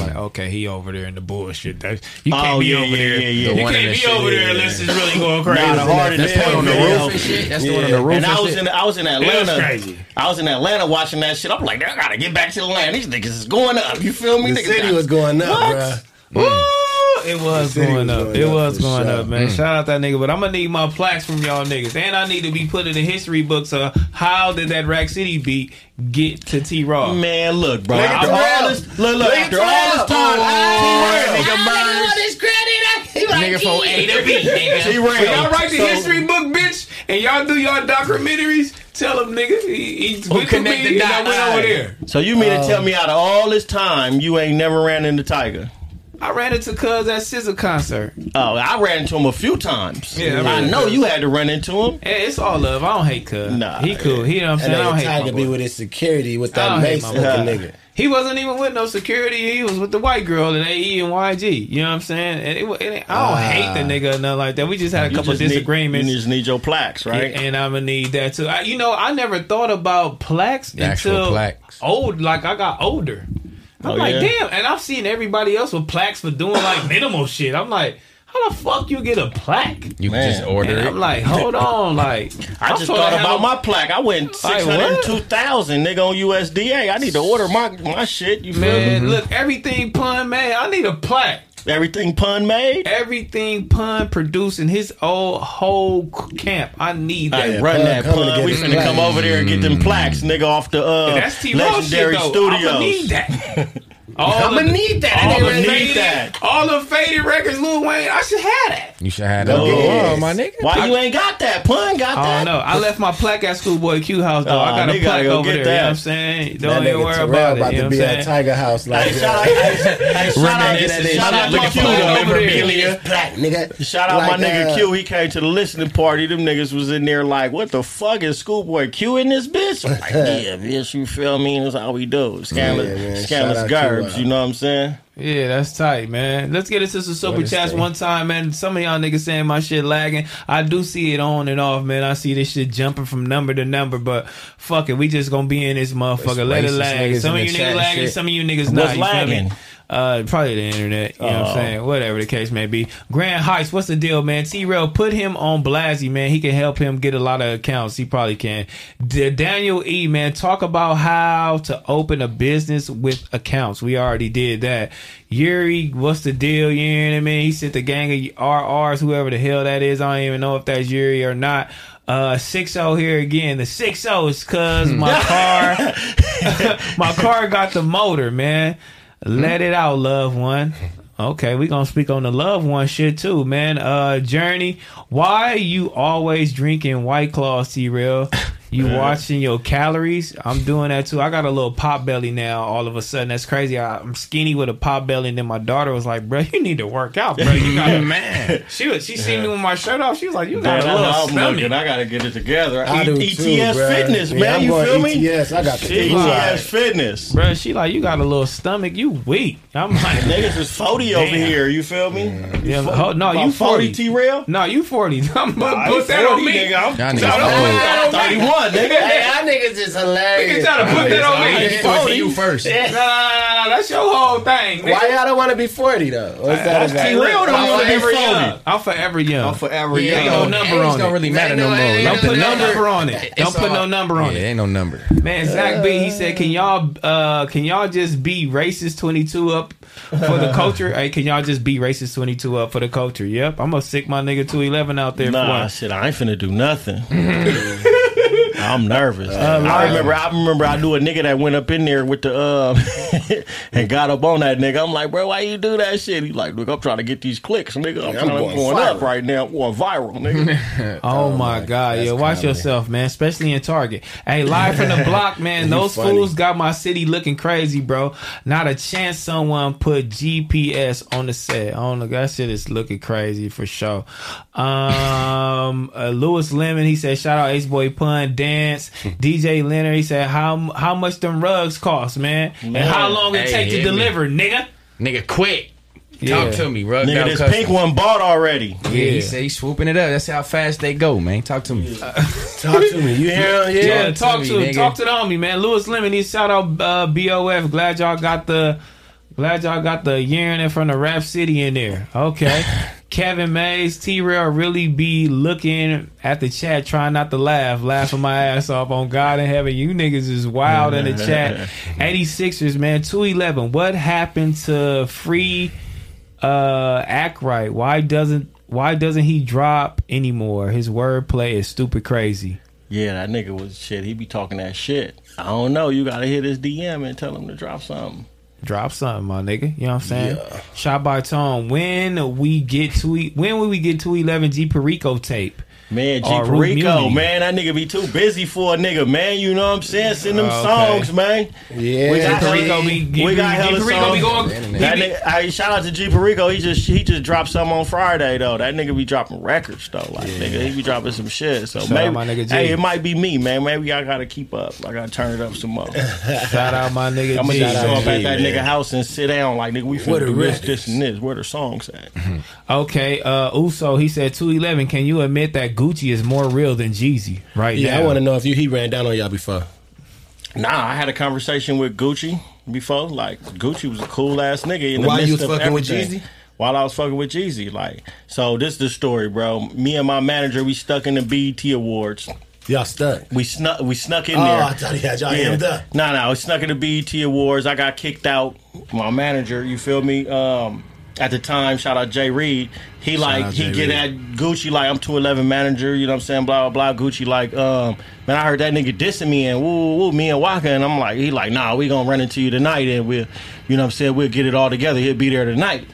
[SPEAKER 8] Mm.
[SPEAKER 1] like, okay, he over there in the bullshit. That, you
[SPEAKER 8] Oh,
[SPEAKER 1] can't be
[SPEAKER 8] yeah,
[SPEAKER 1] over
[SPEAKER 8] yeah,
[SPEAKER 1] there.
[SPEAKER 8] yeah,
[SPEAKER 1] You
[SPEAKER 8] yeah. The one in
[SPEAKER 1] can't
[SPEAKER 8] the
[SPEAKER 1] be
[SPEAKER 8] shit,
[SPEAKER 1] over
[SPEAKER 8] yeah,
[SPEAKER 1] there
[SPEAKER 8] yeah.
[SPEAKER 1] unless it's really going crazy.
[SPEAKER 3] Nah, the
[SPEAKER 1] That's
[SPEAKER 3] hard it
[SPEAKER 1] the one
[SPEAKER 3] is,
[SPEAKER 1] on the
[SPEAKER 3] man.
[SPEAKER 1] roof and shit? That's the one on the roof
[SPEAKER 3] And I
[SPEAKER 1] and
[SPEAKER 3] was
[SPEAKER 1] shit?
[SPEAKER 3] in I was in
[SPEAKER 1] It was
[SPEAKER 3] Atlanta.
[SPEAKER 1] crazy.
[SPEAKER 3] I was in Atlanta watching that shit. I'm like, I gotta get back to the land. These niggas is going up. You feel me?
[SPEAKER 2] The
[SPEAKER 3] Niggas
[SPEAKER 2] city
[SPEAKER 3] got-
[SPEAKER 2] was going up,
[SPEAKER 3] What?
[SPEAKER 2] bruh.
[SPEAKER 1] Woo! It was
[SPEAKER 2] The city
[SPEAKER 1] going
[SPEAKER 2] was
[SPEAKER 1] up.
[SPEAKER 2] going
[SPEAKER 1] It
[SPEAKER 2] up
[SPEAKER 1] was
[SPEAKER 2] for
[SPEAKER 1] going
[SPEAKER 2] sure.
[SPEAKER 1] up, man.
[SPEAKER 2] Mm.
[SPEAKER 1] Shout out that nigga. But I'm gonna need my plaques from y'all niggas, and I need to be put in the history books of how did that Rack City beat get to T Raw.
[SPEAKER 3] Man, look, bro.
[SPEAKER 1] Look
[SPEAKER 3] After all this, look, look. After all this time,
[SPEAKER 1] Oh,
[SPEAKER 6] Ah,
[SPEAKER 3] T-Rail, nigga, mine.
[SPEAKER 1] Nigga
[SPEAKER 3] from A to B, nigga. T-Rail.
[SPEAKER 1] When y'all write the
[SPEAKER 3] So-
[SPEAKER 1] history book, bitch, and y'all do y'all documentaries, tell them, nigga, he, he went to me and I went over there.
[SPEAKER 3] So you mean
[SPEAKER 1] Um,
[SPEAKER 3] to tell me out of all this time, you ain't never ran into Tiger?
[SPEAKER 1] I ran into Cuz at Scissor concert.
[SPEAKER 3] Oh, I ran into him a few times.
[SPEAKER 1] Yeah, I
[SPEAKER 3] I,
[SPEAKER 1] ran
[SPEAKER 3] know
[SPEAKER 1] into
[SPEAKER 3] you had to run into him.
[SPEAKER 1] it's all love. I don't hate Cuz.
[SPEAKER 3] Nah,
[SPEAKER 1] He cool. He, you know what I'm
[SPEAKER 2] And
[SPEAKER 1] saying? I don't
[SPEAKER 2] then
[SPEAKER 1] hate my
[SPEAKER 2] Tiger
[SPEAKER 1] boy.
[SPEAKER 2] be with his security with
[SPEAKER 1] I
[SPEAKER 2] that
[SPEAKER 1] don't hate
[SPEAKER 2] mace
[SPEAKER 1] my
[SPEAKER 2] looking
[SPEAKER 1] boy.
[SPEAKER 2] nigga.
[SPEAKER 1] He wasn't even with no security. He was with the white girl and AE and YG. You know what I'm saying? And it, wa- it, ain't- I don't
[SPEAKER 3] Ah.
[SPEAKER 1] hate the nigga or nothing like that. We just had a
[SPEAKER 3] You
[SPEAKER 1] couple
[SPEAKER 3] just need-
[SPEAKER 1] disagreements.
[SPEAKER 3] you just need your plaques, right?
[SPEAKER 1] Yeah, and I'm gonna need that too. I, you know, I never thought about plaques
[SPEAKER 3] The actual
[SPEAKER 1] until
[SPEAKER 3] plaques.
[SPEAKER 1] old. Like I got older. I'm
[SPEAKER 3] Oh,
[SPEAKER 1] like,
[SPEAKER 3] yeah?
[SPEAKER 1] damn. And I've seen everybody else with plaques for doing like minimal shit. I'm like, how the fuck you get a plaque?
[SPEAKER 4] You
[SPEAKER 3] Man.
[SPEAKER 4] just order
[SPEAKER 1] And
[SPEAKER 4] it.
[SPEAKER 1] I'm like, hold on, like I'm
[SPEAKER 3] I
[SPEAKER 1] supposed
[SPEAKER 3] just thought
[SPEAKER 1] to have
[SPEAKER 3] about
[SPEAKER 1] a-
[SPEAKER 3] my plaque. I went
[SPEAKER 1] Like,
[SPEAKER 3] six
[SPEAKER 1] what?
[SPEAKER 3] hundred two thousand, nigga, on USDA. I need to order my my shit. You feel
[SPEAKER 1] Man,
[SPEAKER 3] me?
[SPEAKER 1] look, everything pun made. I need a plaque.
[SPEAKER 3] Everything pun made.
[SPEAKER 1] Everything pun produced in his old whole c- camp. I need that.
[SPEAKER 3] Hey, run that pun. We finna come over there and get them plaques, nigga, off the uh,
[SPEAKER 1] And that's T Raw
[SPEAKER 3] legendary
[SPEAKER 1] shit though. I'ma
[SPEAKER 3] studios.
[SPEAKER 1] need that.
[SPEAKER 3] I'ma
[SPEAKER 1] the-
[SPEAKER 3] need that. That
[SPEAKER 1] All
[SPEAKER 3] nigga
[SPEAKER 1] the
[SPEAKER 3] really
[SPEAKER 1] faded,
[SPEAKER 3] need that.
[SPEAKER 1] All the faded records, Lil Wayne. I should have that.
[SPEAKER 4] You should have that.
[SPEAKER 3] No,
[SPEAKER 4] Oh,
[SPEAKER 3] yes.
[SPEAKER 4] my nigga.
[SPEAKER 3] Why you ain't got that? Pun got
[SPEAKER 1] I
[SPEAKER 3] that.
[SPEAKER 1] don't know. I left my plaque at Schoolboy Q house though.
[SPEAKER 3] Aw,
[SPEAKER 1] I got a
[SPEAKER 3] nigga,
[SPEAKER 1] plaque
[SPEAKER 3] gotta go
[SPEAKER 1] over there. You
[SPEAKER 3] get that.
[SPEAKER 1] know what I'm saying?
[SPEAKER 2] That
[SPEAKER 1] Don't even
[SPEAKER 2] nigga
[SPEAKER 1] worry
[SPEAKER 2] Terrell
[SPEAKER 1] about it.
[SPEAKER 2] about
[SPEAKER 1] you know what
[SPEAKER 2] to
[SPEAKER 1] I'm
[SPEAKER 2] be at
[SPEAKER 1] saying?
[SPEAKER 2] Tiger House like
[SPEAKER 3] Hey, shout out, hey, hey, shout
[SPEAKER 2] Run
[SPEAKER 3] out,
[SPEAKER 2] that nigga,
[SPEAKER 3] shout
[SPEAKER 2] that
[SPEAKER 3] out
[SPEAKER 2] nigga
[SPEAKER 3] my
[SPEAKER 2] Q
[SPEAKER 3] Q
[SPEAKER 2] over
[SPEAKER 3] over
[SPEAKER 2] there.
[SPEAKER 3] there.
[SPEAKER 2] Black nigga.
[SPEAKER 3] Shout out
[SPEAKER 2] Like,
[SPEAKER 3] my nigga
[SPEAKER 2] uh,
[SPEAKER 1] E
[SPEAKER 3] Q. He came to the listening party. Them niggas was in there like, what the fuck is schoolboy Q in this bitch? I'm like, yeah, bitch, you feel me? That's how we do. Scandalous,
[SPEAKER 1] Yeah, man.
[SPEAKER 3] scandalous
[SPEAKER 1] Shout out uh, Q
[SPEAKER 3] garbs,
[SPEAKER 1] out.
[SPEAKER 3] you know what I'm saying?
[SPEAKER 1] Yeah, that's tight, man. Let's get into some super
[SPEAKER 3] What is
[SPEAKER 1] chats
[SPEAKER 3] that?
[SPEAKER 1] one time, man. Some of y'all niggas saying my shit lagging. I do see it on and off, man. I see this shit jumping from number to number, but fuck it, we just gonna be in this motherfucker.
[SPEAKER 4] There's
[SPEAKER 1] Let it
[SPEAKER 4] racist
[SPEAKER 1] lag.
[SPEAKER 4] niggas
[SPEAKER 1] Some of
[SPEAKER 4] in
[SPEAKER 1] you niggas
[SPEAKER 4] the chat
[SPEAKER 1] lagging,
[SPEAKER 4] shit.
[SPEAKER 1] some of you niggas
[SPEAKER 4] What's
[SPEAKER 1] not. You feel me?
[SPEAKER 4] lagging?
[SPEAKER 1] Uh, probably the internet. You know what
[SPEAKER 4] Oh.
[SPEAKER 1] I'm saying? Whatever the case may be. Grand Heist, what's the deal, man? T Rail, put him on Blasey, man. He can help him get a lot of accounts. He probably can. D- Daniel E, man, talk about how to open a business with accounts. We already did that. Yuri, what's the deal? You know what I mean? He sent the gang of RRs, whoever the hell that is. I don't even know if that's Yuri or not. Uh, 6 here again. The 6 is cuz my car my car got the motor, man. Let it out, loved one. Okay, we gonna speak on the loved one shit too, man. Uh Journey, why you always drinking white claws, T Real? You
[SPEAKER 8] Man.
[SPEAKER 1] watching your calories? I'm doing that too. I got a little pop belly now. All of a sudden, that's crazy. I, I'm skinny with a pop belly, and then my daughter was like, "Bro, you need to work out, bro. You got a man." She was, she seen me with my shirt off. She was like, "You got
[SPEAKER 3] Man,
[SPEAKER 1] a
[SPEAKER 3] I know
[SPEAKER 1] little
[SPEAKER 3] I'm
[SPEAKER 1] stomach."
[SPEAKER 3] looking. I gotta get it together.
[SPEAKER 1] I
[SPEAKER 3] E-
[SPEAKER 1] do
[SPEAKER 3] ETS
[SPEAKER 1] too, bruh.
[SPEAKER 3] Fitness,
[SPEAKER 1] Yeah,
[SPEAKER 3] man.
[SPEAKER 1] I'm
[SPEAKER 3] you
[SPEAKER 1] going E
[SPEAKER 3] feel
[SPEAKER 2] E
[SPEAKER 3] me?
[SPEAKER 1] ETS. I got the
[SPEAKER 3] ETS
[SPEAKER 1] Right.
[SPEAKER 3] Fitness.
[SPEAKER 1] Bro, she like, you got a little stomach. You weak. I'm like,
[SPEAKER 3] niggas is 40 over
[SPEAKER 1] Damn.
[SPEAKER 3] here. You feel me?
[SPEAKER 1] Yeah, oh, no,
[SPEAKER 3] About
[SPEAKER 1] you 40.
[SPEAKER 3] T rail?
[SPEAKER 1] No, you 40. I'm
[SPEAKER 3] Nah,
[SPEAKER 1] gonna
[SPEAKER 3] you
[SPEAKER 1] put that on
[SPEAKER 3] 40,
[SPEAKER 1] me.
[SPEAKER 3] nigga. I'm-
[SPEAKER 1] Y'all
[SPEAKER 3] I'm
[SPEAKER 1] niggas old.
[SPEAKER 3] 31, nigga.
[SPEAKER 2] Hey, y'all niggas is
[SPEAKER 1] Niggas
[SPEAKER 2] hilarious.
[SPEAKER 1] try to put that on me.
[SPEAKER 2] Niggas talking to you first.
[SPEAKER 1] Nah, nah, nah, nah, that's your whole thing. Nigga.
[SPEAKER 2] Why y'all don't want to be 40 though? What's that
[SPEAKER 1] That's
[SPEAKER 2] about?
[SPEAKER 1] T-Rail don't wanna be 40. I'm forever young. I'm
[SPEAKER 3] forever
[SPEAKER 1] Ain't no number on it.
[SPEAKER 4] don't really matter no more.
[SPEAKER 1] Don't put no number on it.
[SPEAKER 4] It's
[SPEAKER 1] Don't put no
[SPEAKER 4] all-
[SPEAKER 1] number on
[SPEAKER 4] yeah,
[SPEAKER 1] it.
[SPEAKER 4] Ain't no number.
[SPEAKER 1] Man, Zach B, he said, "Can y'all, uh, can y'all just be racist twenty two up for the culture? hey, can y'all just be racist twenty two up for the culture? Yep, I'm gonna sick my nigga two eleven out there.
[SPEAKER 3] Nah,
[SPEAKER 1] for
[SPEAKER 3] shit, I ain't finna do nothing. I'm
[SPEAKER 2] Uh,
[SPEAKER 3] nervous. I remember. I remember. I knew a nigga that went up in there with the uh, and got up on that nigga. I'm like, bro, why you do that shit? He like, look, I'm trying to get these clicks, nigga. I'm,
[SPEAKER 1] Yeah, I'm
[SPEAKER 3] trying-
[SPEAKER 1] going
[SPEAKER 3] going,
[SPEAKER 1] viral.
[SPEAKER 3] up right now. I'm going viral, nigga.
[SPEAKER 1] Oh, my God, yeah! Watch yourself, man. Especially in Target. Hey, live from the block, man.
[SPEAKER 3] You
[SPEAKER 1] Those
[SPEAKER 3] funny.
[SPEAKER 1] fools got my city looking crazy, bro. Not a chance someone put GPS on the set. Oh no, that shit is looking crazy for sure. Um, uh, Lewis Lemon, he said, shout out Ace Boy Pun Dance. DJ Leonard, he said, how how much them rugs cost, man, and how long it
[SPEAKER 10] Hey,
[SPEAKER 1] take to
[SPEAKER 10] hit me.
[SPEAKER 1] deliver, nigga.
[SPEAKER 10] Nigga, quick.
[SPEAKER 1] Yeah.
[SPEAKER 10] Talk to me, bro.
[SPEAKER 1] Nigga,
[SPEAKER 10] Down
[SPEAKER 1] this
[SPEAKER 10] custom.
[SPEAKER 1] pink one bought already.
[SPEAKER 10] Yeah,
[SPEAKER 4] Yeah,
[SPEAKER 10] he
[SPEAKER 4] he
[SPEAKER 10] said
[SPEAKER 4] said he's swooping it up. That's how fast they go, man. Talk to me.
[SPEAKER 2] talk to me. You hear him?
[SPEAKER 1] Yeah, talk to him. Talk to the homie, man. Lewis Lemon, he shout out uh, BOF. Glad y'all got the glad y'all got the urine from the Rap City in there. Okay. Kevin Mays, T Rail really be looking at the chat, trying not to laugh, laughing my ass off on God in heaven. You niggas is wild in the chat. 86ers, man, 211. What happened to free uh Ackright? Why doesn't why doesn't he drop anymore? His wordplay is stupid crazy.
[SPEAKER 3] Yeah, that nigga was shit. He be talking that shit. I don't know. You gotta hit his DM and tell him to drop something.
[SPEAKER 1] Drop something, my nigga. You know what I'm saying? Shot by Tone. When we get to e- when will we get to eleven G Perico tape?
[SPEAKER 3] Man, G
[SPEAKER 1] Or Root
[SPEAKER 3] Perico,
[SPEAKER 1] Mutiny.
[SPEAKER 3] man, that nigga be too busy for a nigga, man. You know what I'm saying? Send them
[SPEAKER 1] Uh, Okay.
[SPEAKER 3] songs, man.
[SPEAKER 2] Yeah,
[SPEAKER 3] we got
[SPEAKER 1] G
[SPEAKER 3] Perico
[SPEAKER 1] Perico
[SPEAKER 3] be,
[SPEAKER 1] be-
[SPEAKER 3] we got
[SPEAKER 1] G
[SPEAKER 3] hella
[SPEAKER 1] Perico
[SPEAKER 3] songs.
[SPEAKER 1] be going-
[SPEAKER 3] That
[SPEAKER 1] he be-
[SPEAKER 3] nigga, I shout out to G Perico. He just he just dropped some on Friday though. That nigga be dropping records though. Like nigga, he be dropping some shit. So
[SPEAKER 1] Shout out
[SPEAKER 3] maybe
[SPEAKER 1] my nigga G.
[SPEAKER 3] hey, it might be me, man. Maybe I gotta keep up. I gotta turn it up some more.
[SPEAKER 1] Shout out my nigga.
[SPEAKER 3] I'm gonna
[SPEAKER 1] G.
[SPEAKER 3] just show up at that nigga house and sit down like nigga. We
[SPEAKER 1] Where
[SPEAKER 3] finna
[SPEAKER 1] the
[SPEAKER 3] do this,
[SPEAKER 1] records?
[SPEAKER 3] this, and this. Where the songs at?
[SPEAKER 1] Okay, uh Uso, he said two eleven. Can you admit that Gucci is more real than Jeezy right
[SPEAKER 2] Yeah,
[SPEAKER 1] now?
[SPEAKER 2] I want to know if you he ran down on y'all before.
[SPEAKER 3] Nah, I had a conversation with Gucci before. Like Gucci was a cool ass nigga. In the
[SPEAKER 2] While you was
[SPEAKER 3] midst of
[SPEAKER 2] fucking with
[SPEAKER 3] everything.
[SPEAKER 2] Jeezy?
[SPEAKER 3] While I was fucking with Jeezy, like so. This the story, bro. Me and my manager, we stuck in the BET Awards.
[SPEAKER 2] Y'all stuck.
[SPEAKER 3] We snuck. We snuck in
[SPEAKER 2] Oh,
[SPEAKER 3] there.
[SPEAKER 2] I thought he had y'all hemmed up.
[SPEAKER 3] No, no, it snuck in the BET Awards. I got kicked out. My manager, you feel me? Um, at the time, shout out Jay Reed. He
[SPEAKER 2] Shout
[SPEAKER 3] like
[SPEAKER 2] out
[SPEAKER 3] he
[SPEAKER 2] Jay
[SPEAKER 3] get
[SPEAKER 2] Reed.
[SPEAKER 3] at Gucci like I'm 211 manager. You know what I'm saying? Blah blah blah. Gucci like um man, I heard that nigga dissing me and woo woo me and Waka and I'm like he like nah, we gonna run into you tonight and we'll you know what I'm saying we'll get it all together. He'll be there tonight.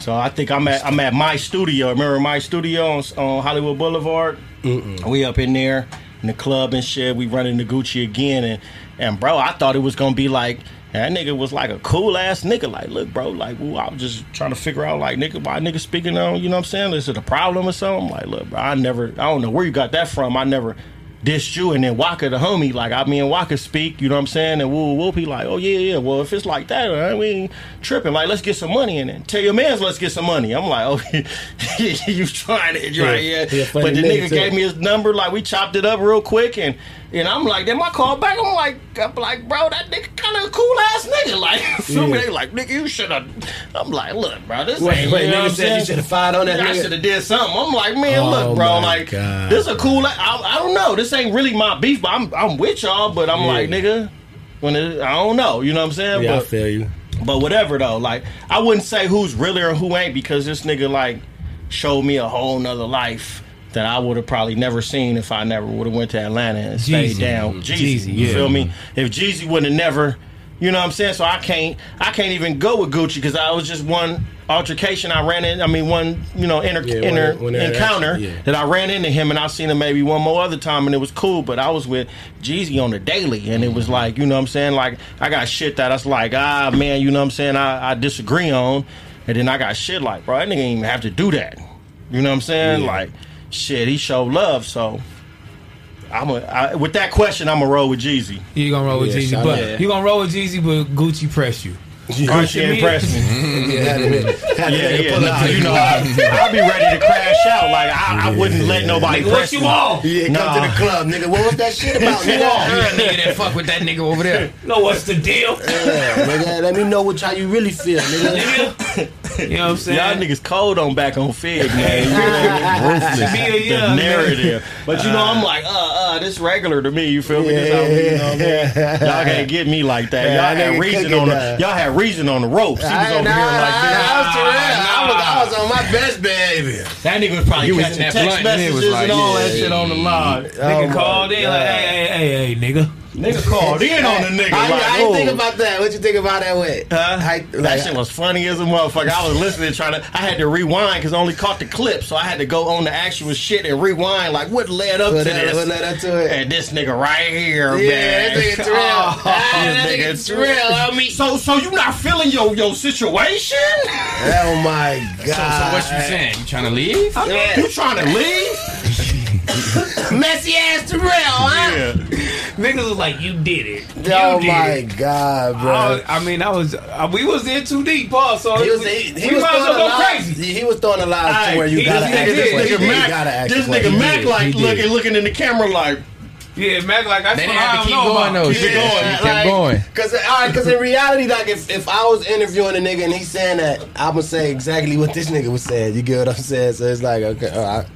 [SPEAKER 3] So I think I'm at I'm at my studio. Remember my studio on, on Hollywood Boulevard?
[SPEAKER 2] Mm-mm.
[SPEAKER 3] We up in there in the club and shit. We run into Gucci again and and bro, I thought it was gonna be like that nigga was like a cool ass nigga. Like, look, bro, like woo, I was just trying to figure out like nigga why nigga speaking on, you know what I'm saying? Is it a problem or something? I'm like, look, bro, I never I don't know where you got that from. I never dissed you and then Waka the homie, like I mean Waka speak, you know what I'm saying? And woo whoop he like, oh yeah, yeah, well if it's like that, I we ain't tripping. Like let's get some money in it. Tell your mans let's get some money. I'm like, oh you trying it, right?
[SPEAKER 2] Yeah,
[SPEAKER 3] Yeah.
[SPEAKER 2] yeah, funny
[SPEAKER 3] but the
[SPEAKER 2] nigga
[SPEAKER 3] nigga
[SPEAKER 2] too.
[SPEAKER 3] gave me his number, like we chopped it up real quick and and I'm like, then I call back, I'm like, I'm like, bro, that nigga kind of a cool ass nigga. Like, feel me?
[SPEAKER 2] Yeah.
[SPEAKER 3] They like, nigga, you should have. I'm like, look, bro, this
[SPEAKER 2] Wait,
[SPEAKER 3] ain't.
[SPEAKER 2] wait,
[SPEAKER 3] you know
[SPEAKER 2] nigga
[SPEAKER 3] what I'm
[SPEAKER 2] said you
[SPEAKER 3] saying?
[SPEAKER 2] shoulda fired on that
[SPEAKER 3] I
[SPEAKER 2] nigga.
[SPEAKER 3] should have did something. I'm like, man,
[SPEAKER 2] Oh
[SPEAKER 3] look,
[SPEAKER 2] my
[SPEAKER 3] bro, like,
[SPEAKER 2] God.
[SPEAKER 3] this a cool. I, I don't know. This ain't really my beef, but I'm I'm with y'all, but I'm
[SPEAKER 2] Yeah.
[SPEAKER 3] like, nigga, when it, I don't know, you know what I'm saying?
[SPEAKER 2] Yeah, I
[SPEAKER 3] But-
[SPEAKER 2] feel you.
[SPEAKER 3] but whatever though, like I wouldn't say who's really or who ain't because this nigga like showed me a whole nother life that I would have probably never seen if I never would have went to Atlanta and stayed
[SPEAKER 1] Jeezy. Mm-hmm.
[SPEAKER 3] down. Jeezy,
[SPEAKER 1] Jeezy,
[SPEAKER 3] you
[SPEAKER 1] yeah.
[SPEAKER 3] feel me? If Jeezy would have never, you know what I'm saying? So I can't, I can't even go with Gucci because I was just one altercation I ran in. I mean, one you know inter,
[SPEAKER 2] Yeah, one-
[SPEAKER 3] inter
[SPEAKER 2] one
[SPEAKER 3] encounter
[SPEAKER 2] interaction, yeah.
[SPEAKER 3] that I ran into him and I seen him maybe one more other time and it was cool, but I was with Jeezy on the daily and it was like, you know what I'm saying? Like I got shit that I was like, ah man, you know what I'm saying, I, I disagree on and then I got shit like, bro, that nigga ain't even have to do that. You know what I'm saying?
[SPEAKER 2] Yeah.
[SPEAKER 3] Like shit, he showed love, so I'm a, I, with that question, I'm gonna roll with Jeezy.
[SPEAKER 1] You gonna roll with
[SPEAKER 3] Yeah,
[SPEAKER 1] Jeezy,
[SPEAKER 3] shout
[SPEAKER 1] but
[SPEAKER 3] out.
[SPEAKER 1] you gonna roll with Jeezy, but Gucci press you.
[SPEAKER 3] Gucci impressed me.
[SPEAKER 2] Yeah,
[SPEAKER 3] yeah, yeah.
[SPEAKER 1] pull
[SPEAKER 3] nah,
[SPEAKER 1] up.
[SPEAKER 3] you know, I, I'll be ready to crash out. Like I, I wouldn't let nobody
[SPEAKER 2] Nigga, what
[SPEAKER 3] press
[SPEAKER 2] you
[SPEAKER 3] me.
[SPEAKER 2] want? Yeah, come to the club, nigga. What was that shit about,
[SPEAKER 3] What you
[SPEAKER 2] nigga?
[SPEAKER 3] want?
[SPEAKER 2] Yeah,
[SPEAKER 4] nigga that fuck with that nigga over there.
[SPEAKER 1] No, what's the deal?
[SPEAKER 2] Yeah, nigga, let me know what how you really feel, nigga.
[SPEAKER 1] You know what I'm saying?
[SPEAKER 3] Y'all niggas cold on back on Fig, man. You ruthless.
[SPEAKER 1] Be a
[SPEAKER 3] The
[SPEAKER 1] young man.
[SPEAKER 3] narrative. But you know, I'm like, uh, uh, this regular to me. You feel me? This how, you know what I'm saying? Y'all can't get me like that.
[SPEAKER 2] Yeah,
[SPEAKER 3] y'all
[SPEAKER 2] that
[SPEAKER 3] had
[SPEAKER 2] nigga
[SPEAKER 3] reason
[SPEAKER 2] cooking
[SPEAKER 3] on the,
[SPEAKER 2] that.
[SPEAKER 3] y'all had reason on the ropes. He was
[SPEAKER 2] I-
[SPEAKER 3] over
[SPEAKER 2] nah,
[SPEAKER 3] here like
[SPEAKER 2] I-
[SPEAKER 3] this.
[SPEAKER 2] I was for real. I was- I was on my best behavior.
[SPEAKER 3] That nigga was probably
[SPEAKER 2] You was
[SPEAKER 3] catching
[SPEAKER 2] in that
[SPEAKER 3] text
[SPEAKER 2] blunt, and it was
[SPEAKER 3] messages
[SPEAKER 2] like,
[SPEAKER 3] and all that
[SPEAKER 2] yeah,
[SPEAKER 3] shit on the line.
[SPEAKER 2] Oh,
[SPEAKER 1] Nigga called in like, hey, hey, hey, hey, nigga.
[SPEAKER 3] Nigga called in on the nigga.
[SPEAKER 2] I,
[SPEAKER 3] like,
[SPEAKER 2] I, didn't think
[SPEAKER 3] oh.
[SPEAKER 2] about that. What you think about that way? I,
[SPEAKER 3] that shit was funny as a motherfucker. I was listening, trying to. I had to rewind because I only caught the clip, so I had to go on the actual shit and rewind. Like what led up
[SPEAKER 2] What
[SPEAKER 3] to
[SPEAKER 2] led-
[SPEAKER 3] this?
[SPEAKER 2] what led up to it?
[SPEAKER 3] And this nigga right here,
[SPEAKER 2] Yeah,
[SPEAKER 3] man.
[SPEAKER 2] that nigga Terrell.
[SPEAKER 3] Oh,
[SPEAKER 2] Ah,
[SPEAKER 3] this
[SPEAKER 2] that nigga Terrell, I mean-
[SPEAKER 3] so so you not feeling your your situation?
[SPEAKER 2] oh my god!
[SPEAKER 10] So, so what you saying? You trying to leave?
[SPEAKER 2] Yeah.
[SPEAKER 3] You trying to leave?
[SPEAKER 2] Messy ass Terrell, huh?
[SPEAKER 1] Niggas was like, you did it. You
[SPEAKER 2] Oh
[SPEAKER 1] did
[SPEAKER 2] my
[SPEAKER 1] it.
[SPEAKER 2] god, bro!
[SPEAKER 1] I, was- I mean, I was uh, we was in too deep, Paul. So
[SPEAKER 2] He
[SPEAKER 1] it
[SPEAKER 2] was,
[SPEAKER 1] was,
[SPEAKER 2] he, he
[SPEAKER 1] we
[SPEAKER 2] was
[SPEAKER 1] might as well
[SPEAKER 2] throwing a
[SPEAKER 1] go
[SPEAKER 2] line.
[SPEAKER 1] crazy.
[SPEAKER 2] He, he was throwing a line
[SPEAKER 1] Aight,
[SPEAKER 2] to where
[SPEAKER 1] he
[SPEAKER 2] you gotta
[SPEAKER 1] just
[SPEAKER 2] ask
[SPEAKER 1] did
[SPEAKER 2] this
[SPEAKER 1] it.
[SPEAKER 2] question.
[SPEAKER 1] Nigga
[SPEAKER 2] You
[SPEAKER 1] Mac-
[SPEAKER 2] gotta ask
[SPEAKER 3] This
[SPEAKER 2] the
[SPEAKER 3] nigga
[SPEAKER 2] question.
[SPEAKER 3] Mac
[SPEAKER 2] He did,
[SPEAKER 3] like
[SPEAKER 2] he
[SPEAKER 3] looking
[SPEAKER 2] did.
[SPEAKER 3] looking in the camera like
[SPEAKER 1] Yeah, Mac, like I,
[SPEAKER 10] They
[SPEAKER 1] said,
[SPEAKER 10] didn't have
[SPEAKER 1] I
[SPEAKER 10] to
[SPEAKER 1] don't
[SPEAKER 10] keep
[SPEAKER 1] know
[SPEAKER 10] going
[SPEAKER 1] about
[SPEAKER 10] though.
[SPEAKER 1] you.
[SPEAKER 10] Keep going. Kept
[SPEAKER 2] like,
[SPEAKER 10] going.
[SPEAKER 2] Cause, uh, all right, 'cause in reality, like if, if I was interviewing a nigga and he's saying that, I'm gonna say exactly what this nigga was saying. You get what I'm saying? So it's like, okay, all right.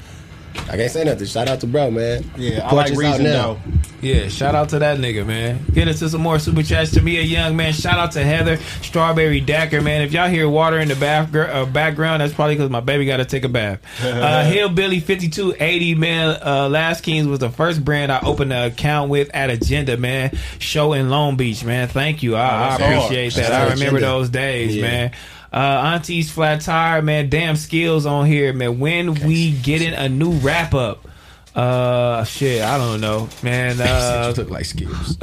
[SPEAKER 2] I can't say nothing. Shout out to bro, man.
[SPEAKER 3] Yeah, I
[SPEAKER 2] Porch
[SPEAKER 3] like
[SPEAKER 2] is out
[SPEAKER 3] reason
[SPEAKER 2] now.
[SPEAKER 3] though.
[SPEAKER 1] Yeah, shout out to that nigga, man. Get into some more super chats. To me, a young man. Shout out to Heather Strawberry Dacker, man. If y'all hear water in the bath, gr- uh, background, that's probably because my baby got to take a bath. Uh, Hillbilly fifty two eighty, man. Uh, Last Kings was the first brand I opened an account with at Agenda, man. Show in Long Beach, man. Thank you. I, I
[SPEAKER 3] that's hard.
[SPEAKER 1] appreciate that.
[SPEAKER 2] Shout out
[SPEAKER 1] I remember
[SPEAKER 2] Agenda.
[SPEAKER 1] those days,
[SPEAKER 2] Yeah.
[SPEAKER 1] man. Uh, Auntie's flat tire, man. Damn skills on here, man. When we getting a new wrap up? Uh, shit, I don't know, man. Uh,
[SPEAKER 4] look like skills.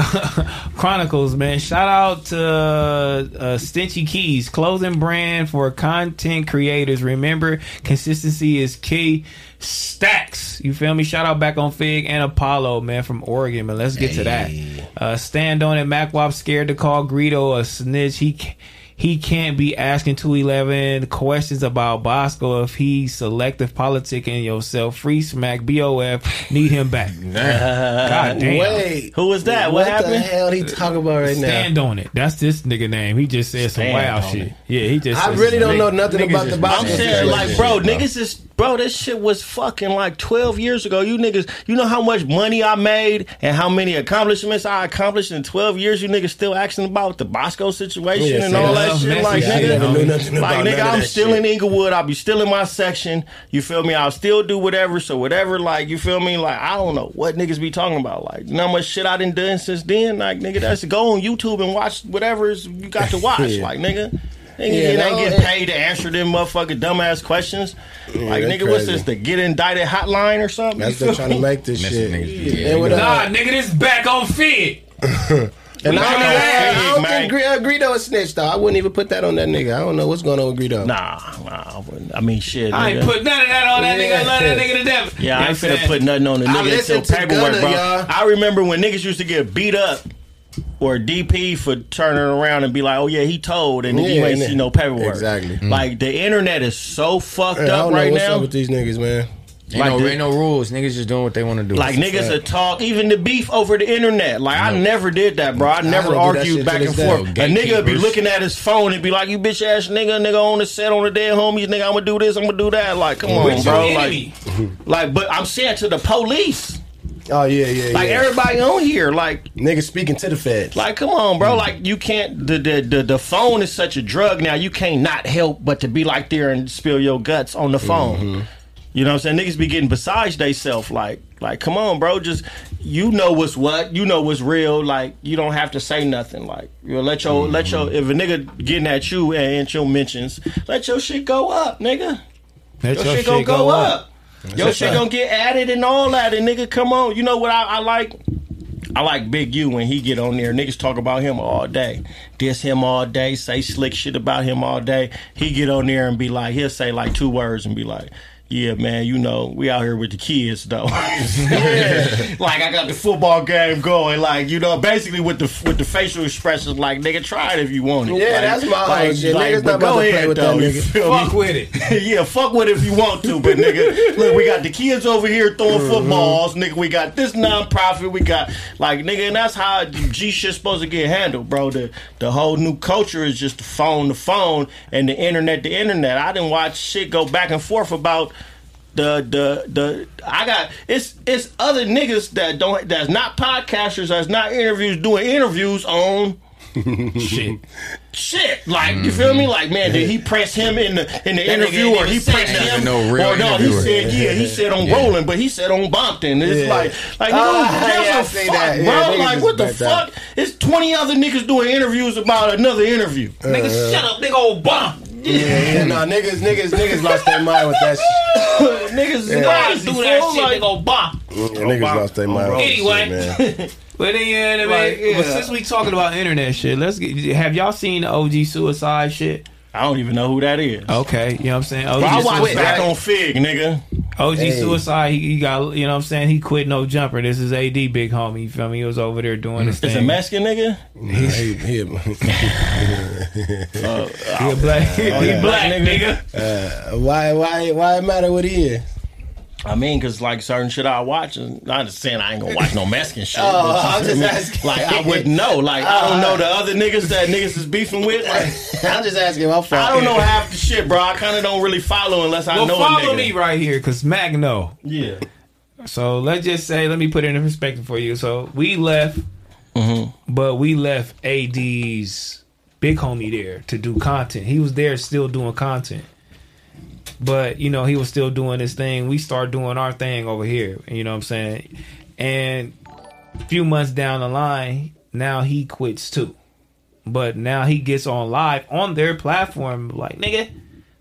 [SPEAKER 1] Chronicles, man. Shout out to uh, Stenchy Keys, clothing brand for content creators. Remember, consistency is key. Stacks, you feel me? Shout out back on Fig and Apollo, man, from Oregon, man. Let's get to that. Uh, stand on it. MacWop scared to call Greedo a snitch. He ca- he can't be asking 211 questions about Bosco if he selective politicking yourself. Free smack, BOF, need him back. God damn.
[SPEAKER 2] Wait,
[SPEAKER 3] Who was that?
[SPEAKER 2] what
[SPEAKER 3] What,
[SPEAKER 2] the
[SPEAKER 3] happened?
[SPEAKER 2] hell he talking about right now?
[SPEAKER 1] Stand on it. That's this nigga name. He just said some
[SPEAKER 3] Stand
[SPEAKER 1] wild
[SPEAKER 3] on
[SPEAKER 1] shit.
[SPEAKER 3] it.
[SPEAKER 1] Yeah, he just.
[SPEAKER 2] I
[SPEAKER 1] said
[SPEAKER 2] really
[SPEAKER 1] some-
[SPEAKER 2] don't know nothing about the
[SPEAKER 3] I'm
[SPEAKER 2] boxing.
[SPEAKER 3] saying,
[SPEAKER 2] situation.
[SPEAKER 3] like, bro, niggas is bro. This shit was fucking like 12 years ago. You niggas, you know how much money I made and how many accomplishments I accomplished in 12 years. You niggas still asking about the Bosco situation
[SPEAKER 2] Yeah,
[SPEAKER 3] and
[SPEAKER 2] say that.
[SPEAKER 3] all that shit.
[SPEAKER 1] Messi,
[SPEAKER 3] Like,
[SPEAKER 1] yeah, I
[SPEAKER 3] nigga,
[SPEAKER 1] never
[SPEAKER 2] knew nothing
[SPEAKER 3] like,
[SPEAKER 2] about
[SPEAKER 3] nigga,
[SPEAKER 2] none of
[SPEAKER 3] I'm
[SPEAKER 2] that
[SPEAKER 3] still
[SPEAKER 2] shit.
[SPEAKER 3] in Inglewood. I'll be still in my section. You feel me? I'll still do whatever. So whatever, like, you feel me? Like, I don't know what niggas be talking about. Like, you know how much shit I done done since then. Like, nigga, that's go on YouTube and watch whatever is you got to watch.
[SPEAKER 2] Yeah.
[SPEAKER 3] Like, nigga. Nigga,
[SPEAKER 2] Yeah,
[SPEAKER 3] you ain't
[SPEAKER 2] no,
[SPEAKER 3] getting
[SPEAKER 2] it-
[SPEAKER 3] paid to answer them motherfucking dumbass questions. like,
[SPEAKER 2] that's
[SPEAKER 3] nigga, what's
[SPEAKER 2] crazy.
[SPEAKER 3] this? The get indicted hotline or something?
[SPEAKER 2] That's
[SPEAKER 3] You
[SPEAKER 2] them
[SPEAKER 3] feel
[SPEAKER 2] trying to
[SPEAKER 3] me?
[SPEAKER 2] make this
[SPEAKER 4] Messy
[SPEAKER 2] shit.
[SPEAKER 4] niggas, yeah.
[SPEAKER 2] And with, uh,
[SPEAKER 1] Nah, nigga, this back on Fig.
[SPEAKER 2] And I don't, know,
[SPEAKER 3] Nah,
[SPEAKER 2] I don't
[SPEAKER 3] man.
[SPEAKER 2] think Gre- uh, Greedo a snitch though. I wouldn't even put that on that nigga. I don't know what's going on with Greedo.
[SPEAKER 3] Nah, nah. I wouldn't- I mean, shit.
[SPEAKER 1] I ain't
[SPEAKER 3] nigga.
[SPEAKER 1] put none of that on that nigga. I love that nigga to death.
[SPEAKER 3] Yeah, I ain't finna put nothing on the
[SPEAKER 2] I
[SPEAKER 3] nigga
[SPEAKER 2] listen
[SPEAKER 3] until
[SPEAKER 2] to
[SPEAKER 3] paperwork,
[SPEAKER 2] Gunna,
[SPEAKER 3] bro.
[SPEAKER 2] y'all.
[SPEAKER 3] I remember when niggas used to get beat up or DP for turning around and be like, "Oh yeah, he told," and then you
[SPEAKER 2] Yeah,
[SPEAKER 3] ain't
[SPEAKER 2] yeah.
[SPEAKER 3] see no paperwork.
[SPEAKER 2] Exactly.
[SPEAKER 3] Like the internet is so fucked
[SPEAKER 2] I
[SPEAKER 3] up
[SPEAKER 2] don't
[SPEAKER 3] right
[SPEAKER 2] know what's
[SPEAKER 3] now.
[SPEAKER 2] up with these niggas, man.
[SPEAKER 4] Ain't,
[SPEAKER 3] Like
[SPEAKER 4] no,
[SPEAKER 3] the-
[SPEAKER 4] ain't no rules. Niggas just doing what they want to do.
[SPEAKER 3] Like niggas will talk, even the beef over the internet. Like I never did that, bro. I never
[SPEAKER 2] don't do that
[SPEAKER 3] argued
[SPEAKER 2] shit
[SPEAKER 3] back
[SPEAKER 2] to
[SPEAKER 3] and
[SPEAKER 2] this
[SPEAKER 3] forth.
[SPEAKER 2] day.
[SPEAKER 3] A nigga would be
[SPEAKER 4] Gatekeepers.
[SPEAKER 3] looking at his phone and be like, "You bitch ass nigga, nigga on the set on the dead homies, nigga. I'm gonna do this, I'm gonna do that." Like, come on,
[SPEAKER 1] With your
[SPEAKER 3] bro. Like,
[SPEAKER 1] enemy.
[SPEAKER 3] like, but I'm saying to the police,
[SPEAKER 2] Oh yeah, yeah,
[SPEAKER 3] like
[SPEAKER 2] yeah.
[SPEAKER 3] everybody on here, like,
[SPEAKER 2] niggas speaking to the feds.
[SPEAKER 3] like, come on, bro. Like, you can't. The, the the the phone is such a drug now. You can't not help but to be like there and spill your guts on the phone. You know what I'm saying? Niggas be getting besides theyself. Like, like, come on, bro. Just you know what's what. You know what's real. Like, you don't have to say nothing. Like, you know, let your let your if a nigga getting at you and, and your mentions, let your shit go up, nigga.
[SPEAKER 1] That's
[SPEAKER 3] Your, shit, gonna go, up. Your shit
[SPEAKER 2] right.
[SPEAKER 3] gonna get added and all that. And nigga, come on. You know what I, I like? I like Big U when he get on there. Niggas talk about him all day, diss him all day, say slick shit about him all day. He get on there and be like, he'll say like two words and be like, yeah, man, you know, we out here with the kids though. like I got the football game going, like you know, basically with the with the facial expressions, like nigga, try it if you want it.
[SPEAKER 2] Yeah,
[SPEAKER 3] Like-
[SPEAKER 2] that's my whole shit. Niggas
[SPEAKER 3] but
[SPEAKER 2] not about
[SPEAKER 3] go
[SPEAKER 2] to play
[SPEAKER 3] ahead,
[SPEAKER 2] with that
[SPEAKER 3] though, you
[SPEAKER 2] nigga.
[SPEAKER 3] feel me?
[SPEAKER 2] Fuck with it.
[SPEAKER 3] yeah, fuck with it if you want to, but nigga, look, we got the kids over here throwing footballs, nigga. We got this nonprofit, we got like nigga, and that's how G shit's supposed to get handled, bro. The the whole new culture is just the phone, the phone, and the internet, the internet. I didn't watch shit go back and forth about the the the I got it's it's other niggas that don't that's not podcasters, that's not interviews doing interviews on shit. Shit, like you feel me? Like man, did he press him in the in the
[SPEAKER 4] Mm-hmm. That nigga
[SPEAKER 3] interview,
[SPEAKER 4] ain't
[SPEAKER 3] or he
[SPEAKER 4] even
[SPEAKER 3] pressed
[SPEAKER 4] saying
[SPEAKER 3] him?
[SPEAKER 4] nothing. No real
[SPEAKER 3] or no, he
[SPEAKER 4] interviewer.
[SPEAKER 3] said yeah, he said on
[SPEAKER 4] Yeah.
[SPEAKER 3] Roland, but he said on Bompton. It's
[SPEAKER 4] Yeah.
[SPEAKER 3] like, like
[SPEAKER 4] Ah,
[SPEAKER 3] nigga, who gives
[SPEAKER 4] yeah, I
[SPEAKER 3] a
[SPEAKER 4] see
[SPEAKER 3] fuck,
[SPEAKER 4] that. Yeah,
[SPEAKER 3] bro?
[SPEAKER 4] niggas
[SPEAKER 3] like
[SPEAKER 4] is
[SPEAKER 3] what the
[SPEAKER 4] backed out.
[SPEAKER 3] fuck? It's twenty other niggas doing interviews about another interview.
[SPEAKER 2] Uh,
[SPEAKER 3] nigga, shut up, big old bump.
[SPEAKER 2] Yeah, yeah, no, niggas, niggas, niggas lost their mind with that shit.
[SPEAKER 3] Uh, niggas
[SPEAKER 2] Yeah.
[SPEAKER 8] do that shit, they go bop.
[SPEAKER 2] Yeah, niggas lost their mind. with that shit, man.
[SPEAKER 8] Anyway.
[SPEAKER 1] But then, you know what I mean?
[SPEAKER 8] Like, yeah.
[SPEAKER 1] But since we talking about internet shit, let's get. Have y'all seen the OG Suicide shit?
[SPEAKER 3] I don't even know who that is.
[SPEAKER 1] Okay, you know what I'm saying.
[SPEAKER 3] Bro, I watched back on Fig, nigga.
[SPEAKER 1] OG
[SPEAKER 3] Hey.
[SPEAKER 1] Suicide, he, he got. You know what I'm saying. He quit no jumper. This is AD, big homie. You feel me? He was over there doing his
[SPEAKER 3] Mm. It's a
[SPEAKER 1] thing.
[SPEAKER 3] Mexican nigga.
[SPEAKER 2] He, he,
[SPEAKER 3] Uh,
[SPEAKER 1] He a black. he
[SPEAKER 3] Oh, yeah.
[SPEAKER 1] black nigga.
[SPEAKER 2] uh, why, why, why it matter what he is?
[SPEAKER 3] I mean, cause like certain shit I watch, and I understand I ain't gonna watch no Mexican shit.
[SPEAKER 2] Oh,
[SPEAKER 3] but
[SPEAKER 2] I'm
[SPEAKER 3] you feel
[SPEAKER 2] just
[SPEAKER 3] me?
[SPEAKER 2] asking.
[SPEAKER 3] Like I wouldn't know. Like I don't know the other niggas that niggas is beefing with. Like,
[SPEAKER 2] I'm just asking. My fault.
[SPEAKER 3] I don't know half the shit, bro. I kind of don't really follow unless I
[SPEAKER 1] Well,
[SPEAKER 3] know a
[SPEAKER 1] follow
[SPEAKER 3] nigga.
[SPEAKER 1] me right here, cause Magno.
[SPEAKER 3] Yeah.
[SPEAKER 1] So let's just say, let me put it in perspective for you. So we left,
[SPEAKER 3] Mm-hmm.
[SPEAKER 1] but we left AD's big homie there to do content. He was there still doing content, but you know he was still doing his thing. We start doing our thing over here. You know what I'm saying? And a few months down the line, now he quits too. But now he gets on live on their platform, like nigga,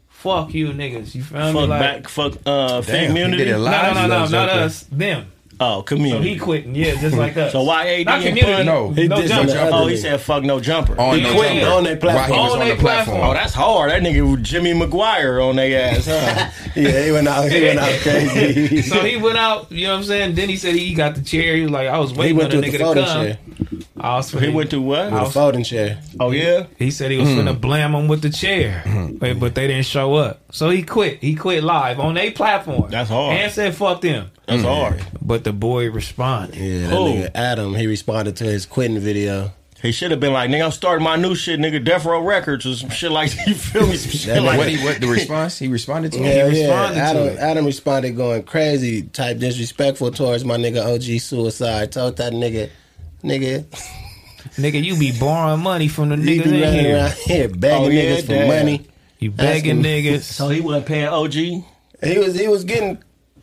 [SPEAKER 1] fuck you niggas. You feel me?
[SPEAKER 3] Fuck
[SPEAKER 1] Like-
[SPEAKER 3] back, fuck uh, fake
[SPEAKER 1] Damn, he
[SPEAKER 3] community.
[SPEAKER 1] did it live? No, no, no, no, not us, them.
[SPEAKER 3] Oh, community.
[SPEAKER 1] So he quitting, yeah, just like us.
[SPEAKER 3] So why AD
[SPEAKER 1] Not
[SPEAKER 3] and
[SPEAKER 1] community,
[SPEAKER 3] put
[SPEAKER 1] no,
[SPEAKER 3] he
[SPEAKER 1] no
[SPEAKER 3] did
[SPEAKER 1] jumper.
[SPEAKER 3] some- Oh, he said fuck no jumper.
[SPEAKER 1] On no
[SPEAKER 3] quit
[SPEAKER 1] jumper.
[SPEAKER 3] on their platform.
[SPEAKER 1] While he was on their platform.
[SPEAKER 3] Oh, that's hard. That nigga was Jimmy McGuire on their ass, huh?
[SPEAKER 2] yeah, he went out. He went out crazy.
[SPEAKER 1] so he went out, you know what I'm saying? Then he said he got the chair. He was like, I was waiting
[SPEAKER 2] went
[SPEAKER 1] on the
[SPEAKER 2] through
[SPEAKER 1] nigga
[SPEAKER 2] the
[SPEAKER 1] to
[SPEAKER 2] folding
[SPEAKER 1] come.
[SPEAKER 2] chair.
[SPEAKER 1] I was
[SPEAKER 2] He went
[SPEAKER 3] through what?
[SPEAKER 2] With a folding chair.
[SPEAKER 3] Oh yeah.
[SPEAKER 1] He said he was
[SPEAKER 2] Mm.
[SPEAKER 1] finna blam him with the chair, But- but they didn't show up. So he quit. He quit live on their platform. That's
[SPEAKER 3] hard.
[SPEAKER 1] And said fuck them.
[SPEAKER 3] That's hard.
[SPEAKER 1] But the boy responded.
[SPEAKER 2] Yeah, that
[SPEAKER 1] Who?
[SPEAKER 2] nigga Adam. He responded to his quitting video.
[SPEAKER 3] He should have been like, nigga, I'm starting my new shit, nigga, Death Row Records or some shit like that. You feel me? Some shit like
[SPEAKER 4] what he what the response? He responded to it?
[SPEAKER 2] Yeah, yeah. Adam, Adam responded going crazy, type disrespectful towards my nigga OG Suicide. Told that nigga, nigga,
[SPEAKER 1] Nigga, you be borrowing money from the
[SPEAKER 2] you
[SPEAKER 1] niggas
[SPEAKER 2] be
[SPEAKER 1] in
[SPEAKER 2] running around
[SPEAKER 1] here.
[SPEAKER 2] here begging
[SPEAKER 1] Oh, yeah,
[SPEAKER 2] niggas for
[SPEAKER 1] damn.
[SPEAKER 2] money.
[SPEAKER 1] You begging
[SPEAKER 2] Asking-
[SPEAKER 1] niggas.
[SPEAKER 3] So he wasn't paying OG.
[SPEAKER 2] He was he was getting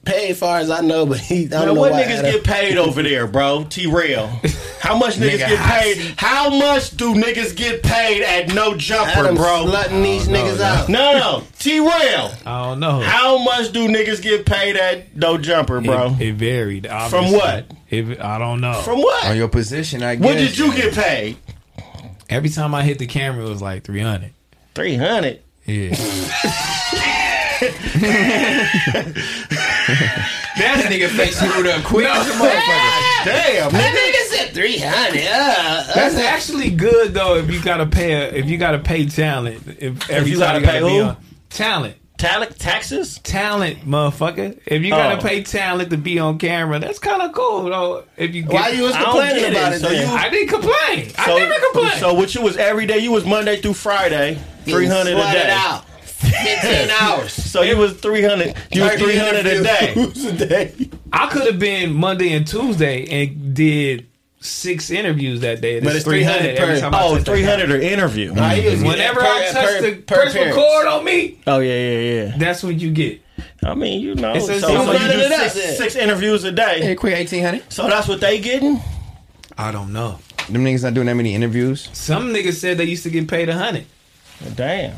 [SPEAKER 2] paid, far as I know, but he I don't
[SPEAKER 3] Man,
[SPEAKER 2] know
[SPEAKER 3] what
[SPEAKER 2] why
[SPEAKER 3] niggas
[SPEAKER 2] Adam-
[SPEAKER 3] get paid over there, bro? T Rail. How much
[SPEAKER 2] Nigga,
[SPEAKER 3] niggas get
[SPEAKER 2] I
[SPEAKER 3] paid? How much do niggas get paid at no jumper,
[SPEAKER 2] Adam
[SPEAKER 3] bro?
[SPEAKER 2] slutting these Oh, no, niggas no. out.
[SPEAKER 3] No, no. T Rail.
[SPEAKER 1] I don't know.
[SPEAKER 3] How much do niggas get paid at no jumper, bro?
[SPEAKER 1] It, it varied.
[SPEAKER 3] From
[SPEAKER 1] obviously.
[SPEAKER 3] what?
[SPEAKER 1] It, I don't know.
[SPEAKER 3] From what?
[SPEAKER 4] On your position, I guess.
[SPEAKER 3] What did you get paid?
[SPEAKER 1] Every time I hit the camera, it was like 300.
[SPEAKER 3] 300?
[SPEAKER 1] Yeah.
[SPEAKER 4] That nigga face screwed up quick.
[SPEAKER 1] No.
[SPEAKER 4] as a motherfucker.
[SPEAKER 3] Damn,
[SPEAKER 2] that nigga said three hundred. Uh,
[SPEAKER 1] That's actually good though. If you gotta pay, a, if you gotta pay talent, if every
[SPEAKER 3] you
[SPEAKER 1] time
[SPEAKER 3] gotta
[SPEAKER 1] you gotta
[SPEAKER 3] pay
[SPEAKER 1] be
[SPEAKER 3] who?
[SPEAKER 1] on talent,
[SPEAKER 3] talent, taxes,
[SPEAKER 1] talent, motherfucker. If you gotta
[SPEAKER 3] Oh.
[SPEAKER 1] pay talent to be on camera, that's kind of cool though. If you get,
[SPEAKER 2] Why you was
[SPEAKER 1] I don't
[SPEAKER 2] complaining
[SPEAKER 1] get
[SPEAKER 2] about it
[SPEAKER 1] So
[SPEAKER 2] then?
[SPEAKER 1] you, I didn't complain.
[SPEAKER 3] So-
[SPEAKER 1] I never complained.
[SPEAKER 3] So what you was every day? You was Monday through Friday,
[SPEAKER 2] Being
[SPEAKER 3] three hundred a
[SPEAKER 2] slutted
[SPEAKER 3] day.
[SPEAKER 2] out. 15 hours.
[SPEAKER 3] So you was three hundred. You was
[SPEAKER 1] 30
[SPEAKER 3] three hundred a day.
[SPEAKER 1] interviews I could have been Monday and Tuesday and did six interviews that day.
[SPEAKER 3] But
[SPEAKER 1] That's
[SPEAKER 3] it's 300 per- oh, 300 or interview. Nah, he was getting
[SPEAKER 1] Whenever
[SPEAKER 3] per-
[SPEAKER 1] I touch
[SPEAKER 3] per-
[SPEAKER 1] the
[SPEAKER 3] per
[SPEAKER 1] press
[SPEAKER 3] appearance.
[SPEAKER 1] record on me,
[SPEAKER 3] Oh yeah, yeah, yeah.
[SPEAKER 1] that's what you get.
[SPEAKER 3] I mean, you know,
[SPEAKER 1] It's
[SPEAKER 3] so,
[SPEAKER 1] a-
[SPEAKER 3] so
[SPEAKER 1] it's
[SPEAKER 3] you
[SPEAKER 1] a-
[SPEAKER 3] do
[SPEAKER 1] it
[SPEAKER 3] six,
[SPEAKER 1] is it.
[SPEAKER 3] six interviews a day.
[SPEAKER 4] Hey, quick, eighteen hundred.
[SPEAKER 3] So that's what they getting.
[SPEAKER 1] I don't know.
[SPEAKER 4] Them niggas not doing that many interviews.
[SPEAKER 1] Some niggas said they used to get paid a hundred.
[SPEAKER 3] Damn.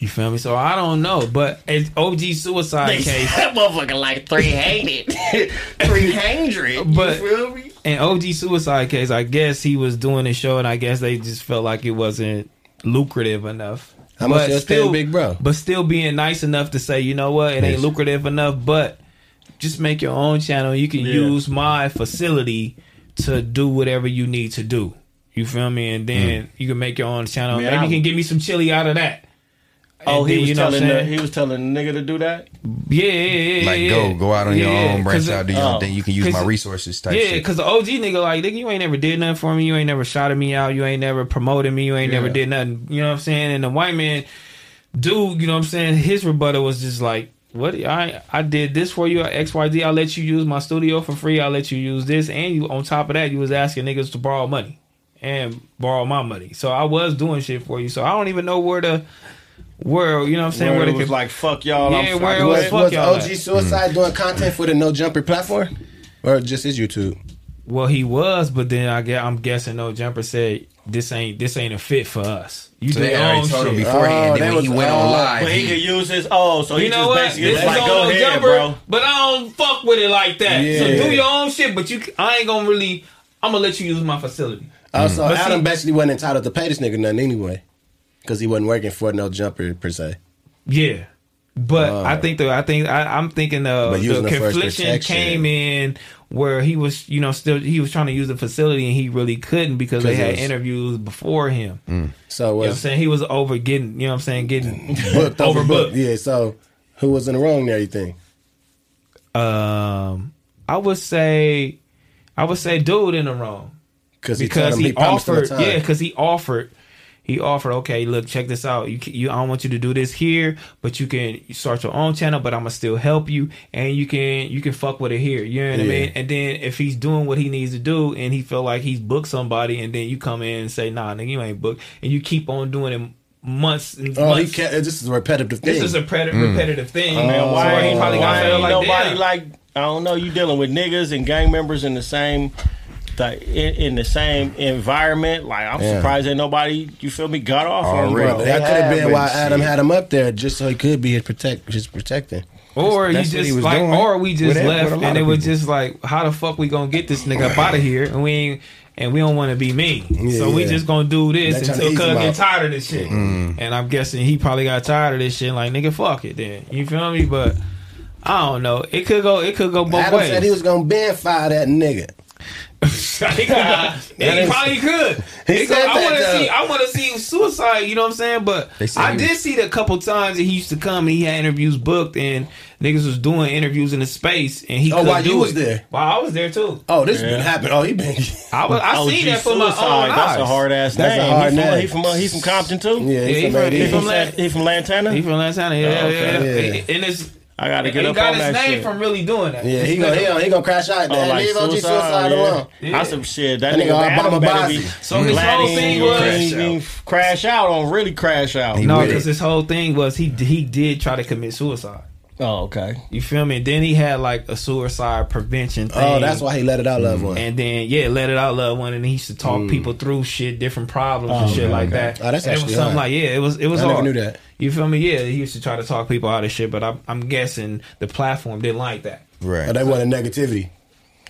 [SPEAKER 1] You feel me? So I don't know, but it's OG suicide case.
[SPEAKER 6] that motherfucker like 300. 300.
[SPEAKER 1] But-
[SPEAKER 6] you feel me?
[SPEAKER 1] In OG suicide case, I guess he was doing a show, and I guess they just felt like it wasn't lucrative enough.
[SPEAKER 2] How much y'all spend, Big Bro?
[SPEAKER 1] But still being nice enough to say, you know what, it ain't
[SPEAKER 2] Yes.
[SPEAKER 1] lucrative enough, but just make your own channel. You can use my facility to do whatever you need to do. You feel me? And
[SPEAKER 2] Hmm.
[SPEAKER 1] then you can make your own channel.
[SPEAKER 3] Man,
[SPEAKER 1] Maybe
[SPEAKER 3] I-
[SPEAKER 1] you can give me some chili out of that.
[SPEAKER 3] Oh,
[SPEAKER 1] And
[SPEAKER 3] he
[SPEAKER 1] then,
[SPEAKER 3] was
[SPEAKER 1] you know what I'm
[SPEAKER 3] telling the,
[SPEAKER 1] saying?
[SPEAKER 3] he was telling the nigga to do that.
[SPEAKER 1] Yeah, yeah, yeah.
[SPEAKER 5] Like,
[SPEAKER 1] yeah,
[SPEAKER 5] go-
[SPEAKER 1] yeah.
[SPEAKER 5] go out on your own, branch
[SPEAKER 1] 'cause
[SPEAKER 5] out, do your own thing. You can use
[SPEAKER 1] 'cause-
[SPEAKER 5] my resources type
[SPEAKER 1] yeah,
[SPEAKER 5] shit.
[SPEAKER 1] because the OG nigga, like, nigga, you ain't never did nothing for me. You ain't never shouted me out. You ain't never promoted me. You ain't never
[SPEAKER 5] Yeah.
[SPEAKER 1] did nothing. You know what I'm saying? And the white man, dude, you know what I'm saying? His rebuttal was just like, what I I did this for you X Y D. I let you use my studio for free. I let you use this, and you on top of that, you was asking niggas to borrow money and borrow my money. So I was doing shit for you. So I don't even know where to where you know what I'm saying.
[SPEAKER 3] Where
[SPEAKER 1] to
[SPEAKER 3] it was like fuck y'all.
[SPEAKER 1] Yeah,
[SPEAKER 3] I'm
[SPEAKER 1] where it was
[SPEAKER 2] Was,
[SPEAKER 1] fuck
[SPEAKER 2] was
[SPEAKER 1] y'all
[SPEAKER 2] OG
[SPEAKER 1] at.
[SPEAKER 2] Suicide doing content for the No Jumper platform, Hmm. or just his YouTube?
[SPEAKER 1] Well, he was, but then I get, I'm guessing no jumper said this ain't this ain't a fit for us. You
[SPEAKER 5] So
[SPEAKER 1] do
[SPEAKER 5] they
[SPEAKER 1] your
[SPEAKER 5] already
[SPEAKER 1] own
[SPEAKER 5] told him
[SPEAKER 1] shit.
[SPEAKER 5] before he- and Oh, then that when he was- went on oh, live,
[SPEAKER 3] But he could use his oh, so he
[SPEAKER 1] you know
[SPEAKER 3] just
[SPEAKER 1] what?
[SPEAKER 3] basically
[SPEAKER 1] This
[SPEAKER 3] was
[SPEAKER 1] is
[SPEAKER 3] like
[SPEAKER 1] on
[SPEAKER 3] go
[SPEAKER 1] no
[SPEAKER 3] ahead,
[SPEAKER 1] jumper,
[SPEAKER 3] bro.
[SPEAKER 1] but I don't fuck with it like that. So
[SPEAKER 2] Yeah.
[SPEAKER 1] do your own shit, but you I ain't gonna really. I'm gonna let you use my facility.
[SPEAKER 2] Also,
[SPEAKER 1] But see-
[SPEAKER 2] Oh, Adam basically wasn't entitled to pay this nigga nothing anyway, because he wasn't working for No Jumper per se.
[SPEAKER 1] Yeah. But I think the I think I, I'm thinking uh,
[SPEAKER 2] But
[SPEAKER 1] the
[SPEAKER 2] using the first
[SPEAKER 1] confliction
[SPEAKER 2] protection.
[SPEAKER 1] came in where he was you know still he was trying to use the facility and he really couldn't because they
[SPEAKER 2] 'Cause it
[SPEAKER 1] had
[SPEAKER 2] was- Mm-hmm.
[SPEAKER 1] interviews before him.
[SPEAKER 2] So
[SPEAKER 1] You know what I'm
[SPEAKER 2] was
[SPEAKER 1] saying? He was over getting, you know what I'm saying, getting
[SPEAKER 2] booked over
[SPEAKER 1] overbooked.
[SPEAKER 2] booked. Yeah. So who was in the wrong there? You think?
[SPEAKER 1] Um, I would say, I would say, dude in the wrong
[SPEAKER 2] 'Cause he told him he promised him a
[SPEAKER 1] offered,
[SPEAKER 2] time.
[SPEAKER 1] yeah, because he offered, he offered. Okay, look, check this out. You, can, you, I don't want you to do this here, but you can start your own channel. But I'm gonna still help you, and you can, you can fuck with it here. You know what I
[SPEAKER 2] Yeah.
[SPEAKER 1] mean? And then if he's doing what he needs to do, and he feel like he's booked somebody, and then you come in and say, nah, nigga, you ain't booked, and you keep on doing it months. and
[SPEAKER 2] Oh, he
[SPEAKER 1] months.
[SPEAKER 2] kept, this is a repetitive thing.
[SPEAKER 1] This is a pred- repetitive thing,
[SPEAKER 2] Oh.
[SPEAKER 1] man. Why he probably got
[SPEAKER 3] Why
[SPEAKER 1] felt
[SPEAKER 3] ain't
[SPEAKER 1] like
[SPEAKER 3] nobody
[SPEAKER 1] damn.
[SPEAKER 3] like I don't know. You dealing with niggas and gang members in the same. Like in, in the same environment, like I'm
[SPEAKER 2] Yeah.
[SPEAKER 3] surprised that nobody, you feel me, got off on him,
[SPEAKER 2] Bro,
[SPEAKER 3] bro.
[SPEAKER 2] that could have been why Adam had him up there just so he could be his protect, just protecting.
[SPEAKER 1] Or
[SPEAKER 2] That's
[SPEAKER 1] you
[SPEAKER 2] what
[SPEAKER 1] just
[SPEAKER 2] he was
[SPEAKER 1] like,
[SPEAKER 2] doing
[SPEAKER 1] or we just
[SPEAKER 2] with it- with a
[SPEAKER 1] left,
[SPEAKER 2] lot
[SPEAKER 1] and it
[SPEAKER 2] of
[SPEAKER 1] was
[SPEAKER 2] people.
[SPEAKER 1] just like, how the fuck we gonna get this nigga up out of here? And we ain't, and we don't want to be mean,
[SPEAKER 2] Yeah,
[SPEAKER 1] so we
[SPEAKER 2] yeah.
[SPEAKER 1] just gonna do this
[SPEAKER 2] They tryna
[SPEAKER 1] until
[SPEAKER 2] ease
[SPEAKER 1] Cuz
[SPEAKER 2] him
[SPEAKER 1] get
[SPEAKER 2] out. Mm-hmm.
[SPEAKER 1] tired of this shit. And I'm guessing he probably got tired of this shit. Like nigga, fuck it then. You feel me? But I don't know. It could go. It could go both
[SPEAKER 2] Adam
[SPEAKER 1] ways.
[SPEAKER 2] said he was gonna ban fire that nigga.
[SPEAKER 1] He could- he
[SPEAKER 2] is-
[SPEAKER 1] probably could.
[SPEAKER 2] He
[SPEAKER 1] It
[SPEAKER 2] said
[SPEAKER 1] could- I
[SPEAKER 2] that,
[SPEAKER 1] want to
[SPEAKER 2] though.
[SPEAKER 1] see. I want to see suicide. You know what I'm saying? But
[SPEAKER 5] They said
[SPEAKER 1] I
[SPEAKER 5] he
[SPEAKER 1] did
[SPEAKER 5] was-
[SPEAKER 1] see that a couple times that he used to come and he had interviews booked and niggas was doing interviews in the space and he.
[SPEAKER 2] Oh,
[SPEAKER 1] couldn't
[SPEAKER 2] while
[SPEAKER 1] do
[SPEAKER 2] you was
[SPEAKER 1] it.
[SPEAKER 2] there.
[SPEAKER 1] Wow, I was there too.
[SPEAKER 2] Oh, this been happening. Oh, he been.
[SPEAKER 1] I was. I
[SPEAKER 3] OG
[SPEAKER 1] seen that for my own
[SPEAKER 3] oh, Suicide,
[SPEAKER 1] eyes.
[SPEAKER 3] That's a hard ass name.
[SPEAKER 2] That's a hard
[SPEAKER 3] he From,
[SPEAKER 2] name.
[SPEAKER 3] he from uh, he from Compton too.
[SPEAKER 2] Yeah,
[SPEAKER 1] Yeah,
[SPEAKER 2] he's
[SPEAKER 1] he from, he from,
[SPEAKER 3] Lan-
[SPEAKER 1] Lan-
[SPEAKER 3] he from Lantana.
[SPEAKER 1] he from Lantana. Yeah,
[SPEAKER 3] Oh, okay.
[SPEAKER 1] yeah, yeah. And it's.
[SPEAKER 3] I gotta get
[SPEAKER 1] he
[SPEAKER 3] up
[SPEAKER 1] got
[SPEAKER 3] on
[SPEAKER 1] his
[SPEAKER 3] that
[SPEAKER 1] name
[SPEAKER 3] shit.
[SPEAKER 1] from really doing that.
[SPEAKER 2] Yeah, he gonna he gonna, he gonna crash out.
[SPEAKER 3] Oh,
[SPEAKER 2] There.
[SPEAKER 3] like
[SPEAKER 2] Leave OG
[SPEAKER 3] suicide,
[SPEAKER 2] suicide,
[SPEAKER 3] yeah.
[SPEAKER 2] alone.
[SPEAKER 3] That's some shit.
[SPEAKER 2] That
[SPEAKER 3] That
[SPEAKER 2] nigga
[SPEAKER 3] nigga Adam
[SPEAKER 2] Obama
[SPEAKER 3] better
[SPEAKER 2] Bossie.
[SPEAKER 3] be.
[SPEAKER 1] So his
[SPEAKER 3] glad
[SPEAKER 1] whole
[SPEAKER 3] he
[SPEAKER 1] thing
[SPEAKER 3] ain't
[SPEAKER 1] was-
[SPEAKER 3] crash out. crash out on really crash out.
[SPEAKER 1] no,
[SPEAKER 5] with
[SPEAKER 1] because
[SPEAKER 5] it.
[SPEAKER 1] his whole thing was he he did try to commit suicide.
[SPEAKER 3] Oh, okay.
[SPEAKER 1] You feel me? And then he had like a suicide prevention thing.
[SPEAKER 2] Oh, that's why he let it out, loved one.
[SPEAKER 1] And then yeah, let it out, loved one, and he used to talk people through shit, different problems and
[SPEAKER 2] Mm. Oh,
[SPEAKER 1] shit
[SPEAKER 2] okay,
[SPEAKER 1] like
[SPEAKER 2] okay.
[SPEAKER 1] that.
[SPEAKER 2] Oh, that's
[SPEAKER 1] and it was
[SPEAKER 2] actually
[SPEAKER 1] something like
[SPEAKER 2] hard.
[SPEAKER 1] yeah, it was it was.
[SPEAKER 2] I never
[SPEAKER 1] hard.
[SPEAKER 2] knew that.
[SPEAKER 1] You feel me? Yeah, he used to try to talk people out of shit, but I'm I'm guessing the platform didn't like that.
[SPEAKER 2] Oh,
[SPEAKER 5] Right.
[SPEAKER 2] they wanted negativity.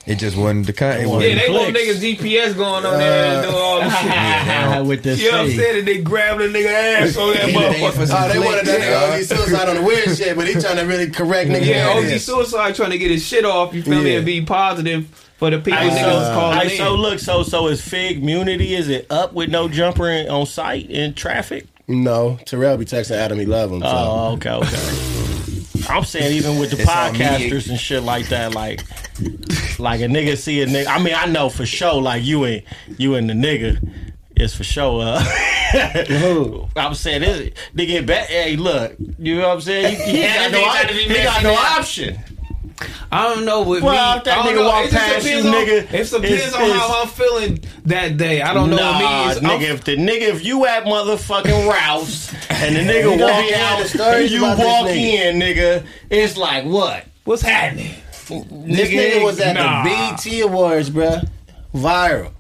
[SPEAKER 5] It just wasn't the kind. It
[SPEAKER 1] Yeah,
[SPEAKER 5] wasn't.
[SPEAKER 1] they want niggas GPS going on there and do all this shit.
[SPEAKER 3] With this
[SPEAKER 1] You know what I'm saying? And they grab the nigga ass on that
[SPEAKER 5] Anything for
[SPEAKER 1] motherfucker.
[SPEAKER 5] some
[SPEAKER 2] Oh, they
[SPEAKER 5] clicks,
[SPEAKER 2] wanted that nigga
[SPEAKER 5] dog.
[SPEAKER 2] OG suicide on the weird shit, but he trying to really correct nigga.
[SPEAKER 1] Yeah,
[SPEAKER 2] that
[SPEAKER 1] OG
[SPEAKER 2] is.
[SPEAKER 1] Suicide trying to get his shit off, you feel me,
[SPEAKER 2] Yeah.
[SPEAKER 1] and be positive for the people
[SPEAKER 3] I
[SPEAKER 2] Uh,
[SPEAKER 1] niggas
[SPEAKER 3] so,
[SPEAKER 1] calling
[SPEAKER 3] I
[SPEAKER 1] in.
[SPEAKER 3] so look so so is Fig Munity is it up with no jumper in, on site in traffic?
[SPEAKER 2] No, Terrell be texting Adam. He love him. So.
[SPEAKER 3] Oh, okay, okay. I'm saying even with the
[SPEAKER 5] It's on me.
[SPEAKER 3] podcasters and shit like that, like like a nigga see a nigga. I mean, I know for sure, like you and you and the nigga is for sure. Uh, I'm saying this nigga back. Hey, look, you know what I'm saying? He, he got no, op- he got no option.
[SPEAKER 1] I don't know with
[SPEAKER 3] Well,
[SPEAKER 1] me.
[SPEAKER 3] if that
[SPEAKER 1] I don't
[SPEAKER 3] nigga
[SPEAKER 1] know.
[SPEAKER 3] walk
[SPEAKER 1] It just
[SPEAKER 3] past you,
[SPEAKER 1] depends on-
[SPEAKER 3] nigga,
[SPEAKER 1] It depends
[SPEAKER 3] it's-
[SPEAKER 1] on how I'm feeling that day. I don't know
[SPEAKER 3] Nah,
[SPEAKER 1] what me.
[SPEAKER 3] nigga, if the nigga, if you at motherfucking Ralph's and the nigga
[SPEAKER 2] You gonna
[SPEAKER 3] walk
[SPEAKER 2] hear all the
[SPEAKER 3] out and
[SPEAKER 2] stories
[SPEAKER 3] you
[SPEAKER 2] about this
[SPEAKER 3] walk
[SPEAKER 2] nigga.
[SPEAKER 3] in, nigga, it's like what?
[SPEAKER 1] What's happening?
[SPEAKER 2] This nigga was at
[SPEAKER 3] nah.
[SPEAKER 2] the BT Awards, bruh. Viral.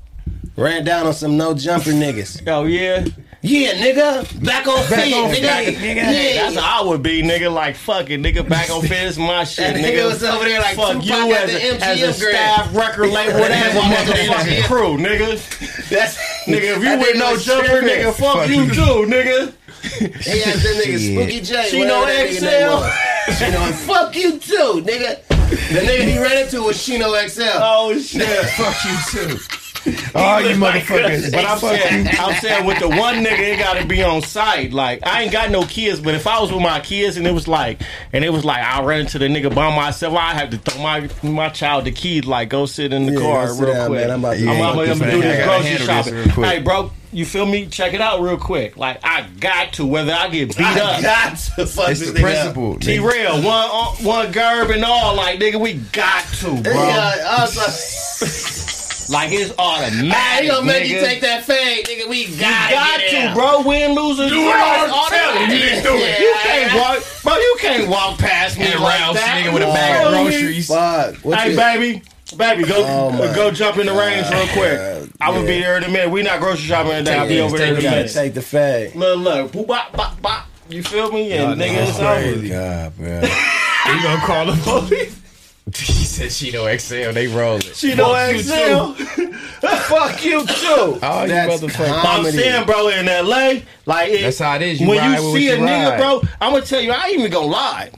[SPEAKER 2] Ran down on some no jumper niggas.
[SPEAKER 3] Oh yeah,
[SPEAKER 2] Yeah, nigga. Back on feet, nigga. Yeah.
[SPEAKER 3] That's how I would be, nigga. Like fuck it, nigga. Back on fence, my shit,
[SPEAKER 2] That nigga was over there like
[SPEAKER 3] fuck
[SPEAKER 2] Tupac
[SPEAKER 3] you
[SPEAKER 2] at
[SPEAKER 3] as
[SPEAKER 2] the
[SPEAKER 3] a, as a
[SPEAKER 2] MGM
[SPEAKER 3] staff record label, whatever, motherfucking crew, nigga.
[SPEAKER 2] That's Nigga, if you
[SPEAKER 3] That
[SPEAKER 2] with
[SPEAKER 3] nigga
[SPEAKER 2] no
[SPEAKER 3] was
[SPEAKER 2] jumper,
[SPEAKER 3] tripping.
[SPEAKER 2] nigga, fuck you
[SPEAKER 3] Fuck.
[SPEAKER 2] too, nigga. He
[SPEAKER 3] had that nigga Spooky J,
[SPEAKER 2] She
[SPEAKER 3] whatever
[SPEAKER 2] know
[SPEAKER 3] that nigga name
[SPEAKER 2] XL. She know fuck you too, nigga. The nigga he ran into was Chino XL. Oh shit. fuck you too.
[SPEAKER 3] Oh,
[SPEAKER 2] He
[SPEAKER 3] you
[SPEAKER 2] look like
[SPEAKER 3] motherfuckers.
[SPEAKER 2] us.
[SPEAKER 3] But I'm
[SPEAKER 2] Fuck
[SPEAKER 3] saying,
[SPEAKER 2] you.
[SPEAKER 3] I'm saying with the one nigga, it gotta be on site. Like, I ain't got no kids, but if I was with my kids and it was like, and it was like, I run into the nigga by myself, I have to throw my my child the keys, like, go sit in the
[SPEAKER 2] Yeah,
[SPEAKER 3] car
[SPEAKER 2] go sit
[SPEAKER 3] real
[SPEAKER 2] down,
[SPEAKER 3] quick.
[SPEAKER 2] man. I'm about to-
[SPEAKER 3] I'm,
[SPEAKER 2] Yeah,
[SPEAKER 3] I'm,
[SPEAKER 2] fuck
[SPEAKER 3] I'm
[SPEAKER 2] this
[SPEAKER 3] gonna
[SPEAKER 2] man.
[SPEAKER 3] do
[SPEAKER 2] I
[SPEAKER 3] this
[SPEAKER 2] gotta
[SPEAKER 3] grocery
[SPEAKER 2] handle this
[SPEAKER 3] shopping.
[SPEAKER 2] real quick.
[SPEAKER 3] Hey, bro, you feel me? Check it out real quick. Like, I got to, whether I get beat
[SPEAKER 2] I
[SPEAKER 3] up.
[SPEAKER 2] got to fuck It's this the nigga up. principle,
[SPEAKER 3] T Rail, one, on- one Gerb and all. Like, nigga, we got to, bro.
[SPEAKER 2] Yeah, I was like,
[SPEAKER 3] Like it's
[SPEAKER 2] Hey,
[SPEAKER 3] automatic.
[SPEAKER 2] he gonna make
[SPEAKER 3] nigga.
[SPEAKER 2] you take that fade, nigga. We got
[SPEAKER 3] got
[SPEAKER 2] get
[SPEAKER 3] to,
[SPEAKER 2] out.
[SPEAKER 3] bro. Win, lose, or
[SPEAKER 2] You
[SPEAKER 3] draw.
[SPEAKER 2] are
[SPEAKER 3] It's automatic.
[SPEAKER 2] telling me to do it.
[SPEAKER 3] You
[SPEAKER 2] Yeah.
[SPEAKER 3] can't walk, bro. You can't walk past me
[SPEAKER 2] And
[SPEAKER 3] like
[SPEAKER 2] Ralph's
[SPEAKER 3] that.
[SPEAKER 2] nigga with a bag of
[SPEAKER 3] Bro,
[SPEAKER 2] groceries.
[SPEAKER 3] you-
[SPEAKER 2] Fuck. What
[SPEAKER 3] hey,
[SPEAKER 2] you- Oh
[SPEAKER 3] baby. Baby, go go jump in the range real quick. I'm gonna be
[SPEAKER 2] Yeah.
[SPEAKER 3] there in a minute. We not grocery shopping today. I'll be over there in a
[SPEAKER 2] You gotta
[SPEAKER 3] minute.
[SPEAKER 2] take the fade.
[SPEAKER 3] Look, look, boop, bop, bop, bop. You feel me? And nigga, it's over.
[SPEAKER 4] God, man. you gonna call the police? he said she know XL. They rolling.
[SPEAKER 3] She know XL.
[SPEAKER 2] Fuck you too.
[SPEAKER 4] Oh,
[SPEAKER 3] That's
[SPEAKER 4] you
[SPEAKER 3] But
[SPEAKER 4] motherfucker.
[SPEAKER 3] I'm saying, bro, in LA, like it,
[SPEAKER 4] That's how it is. You
[SPEAKER 3] when
[SPEAKER 4] ride
[SPEAKER 3] you
[SPEAKER 4] with
[SPEAKER 3] see
[SPEAKER 4] what
[SPEAKER 3] a
[SPEAKER 4] you
[SPEAKER 3] nigga,
[SPEAKER 4] ride.
[SPEAKER 3] bro, I'm gonna tell you, I ain't even gonna lie,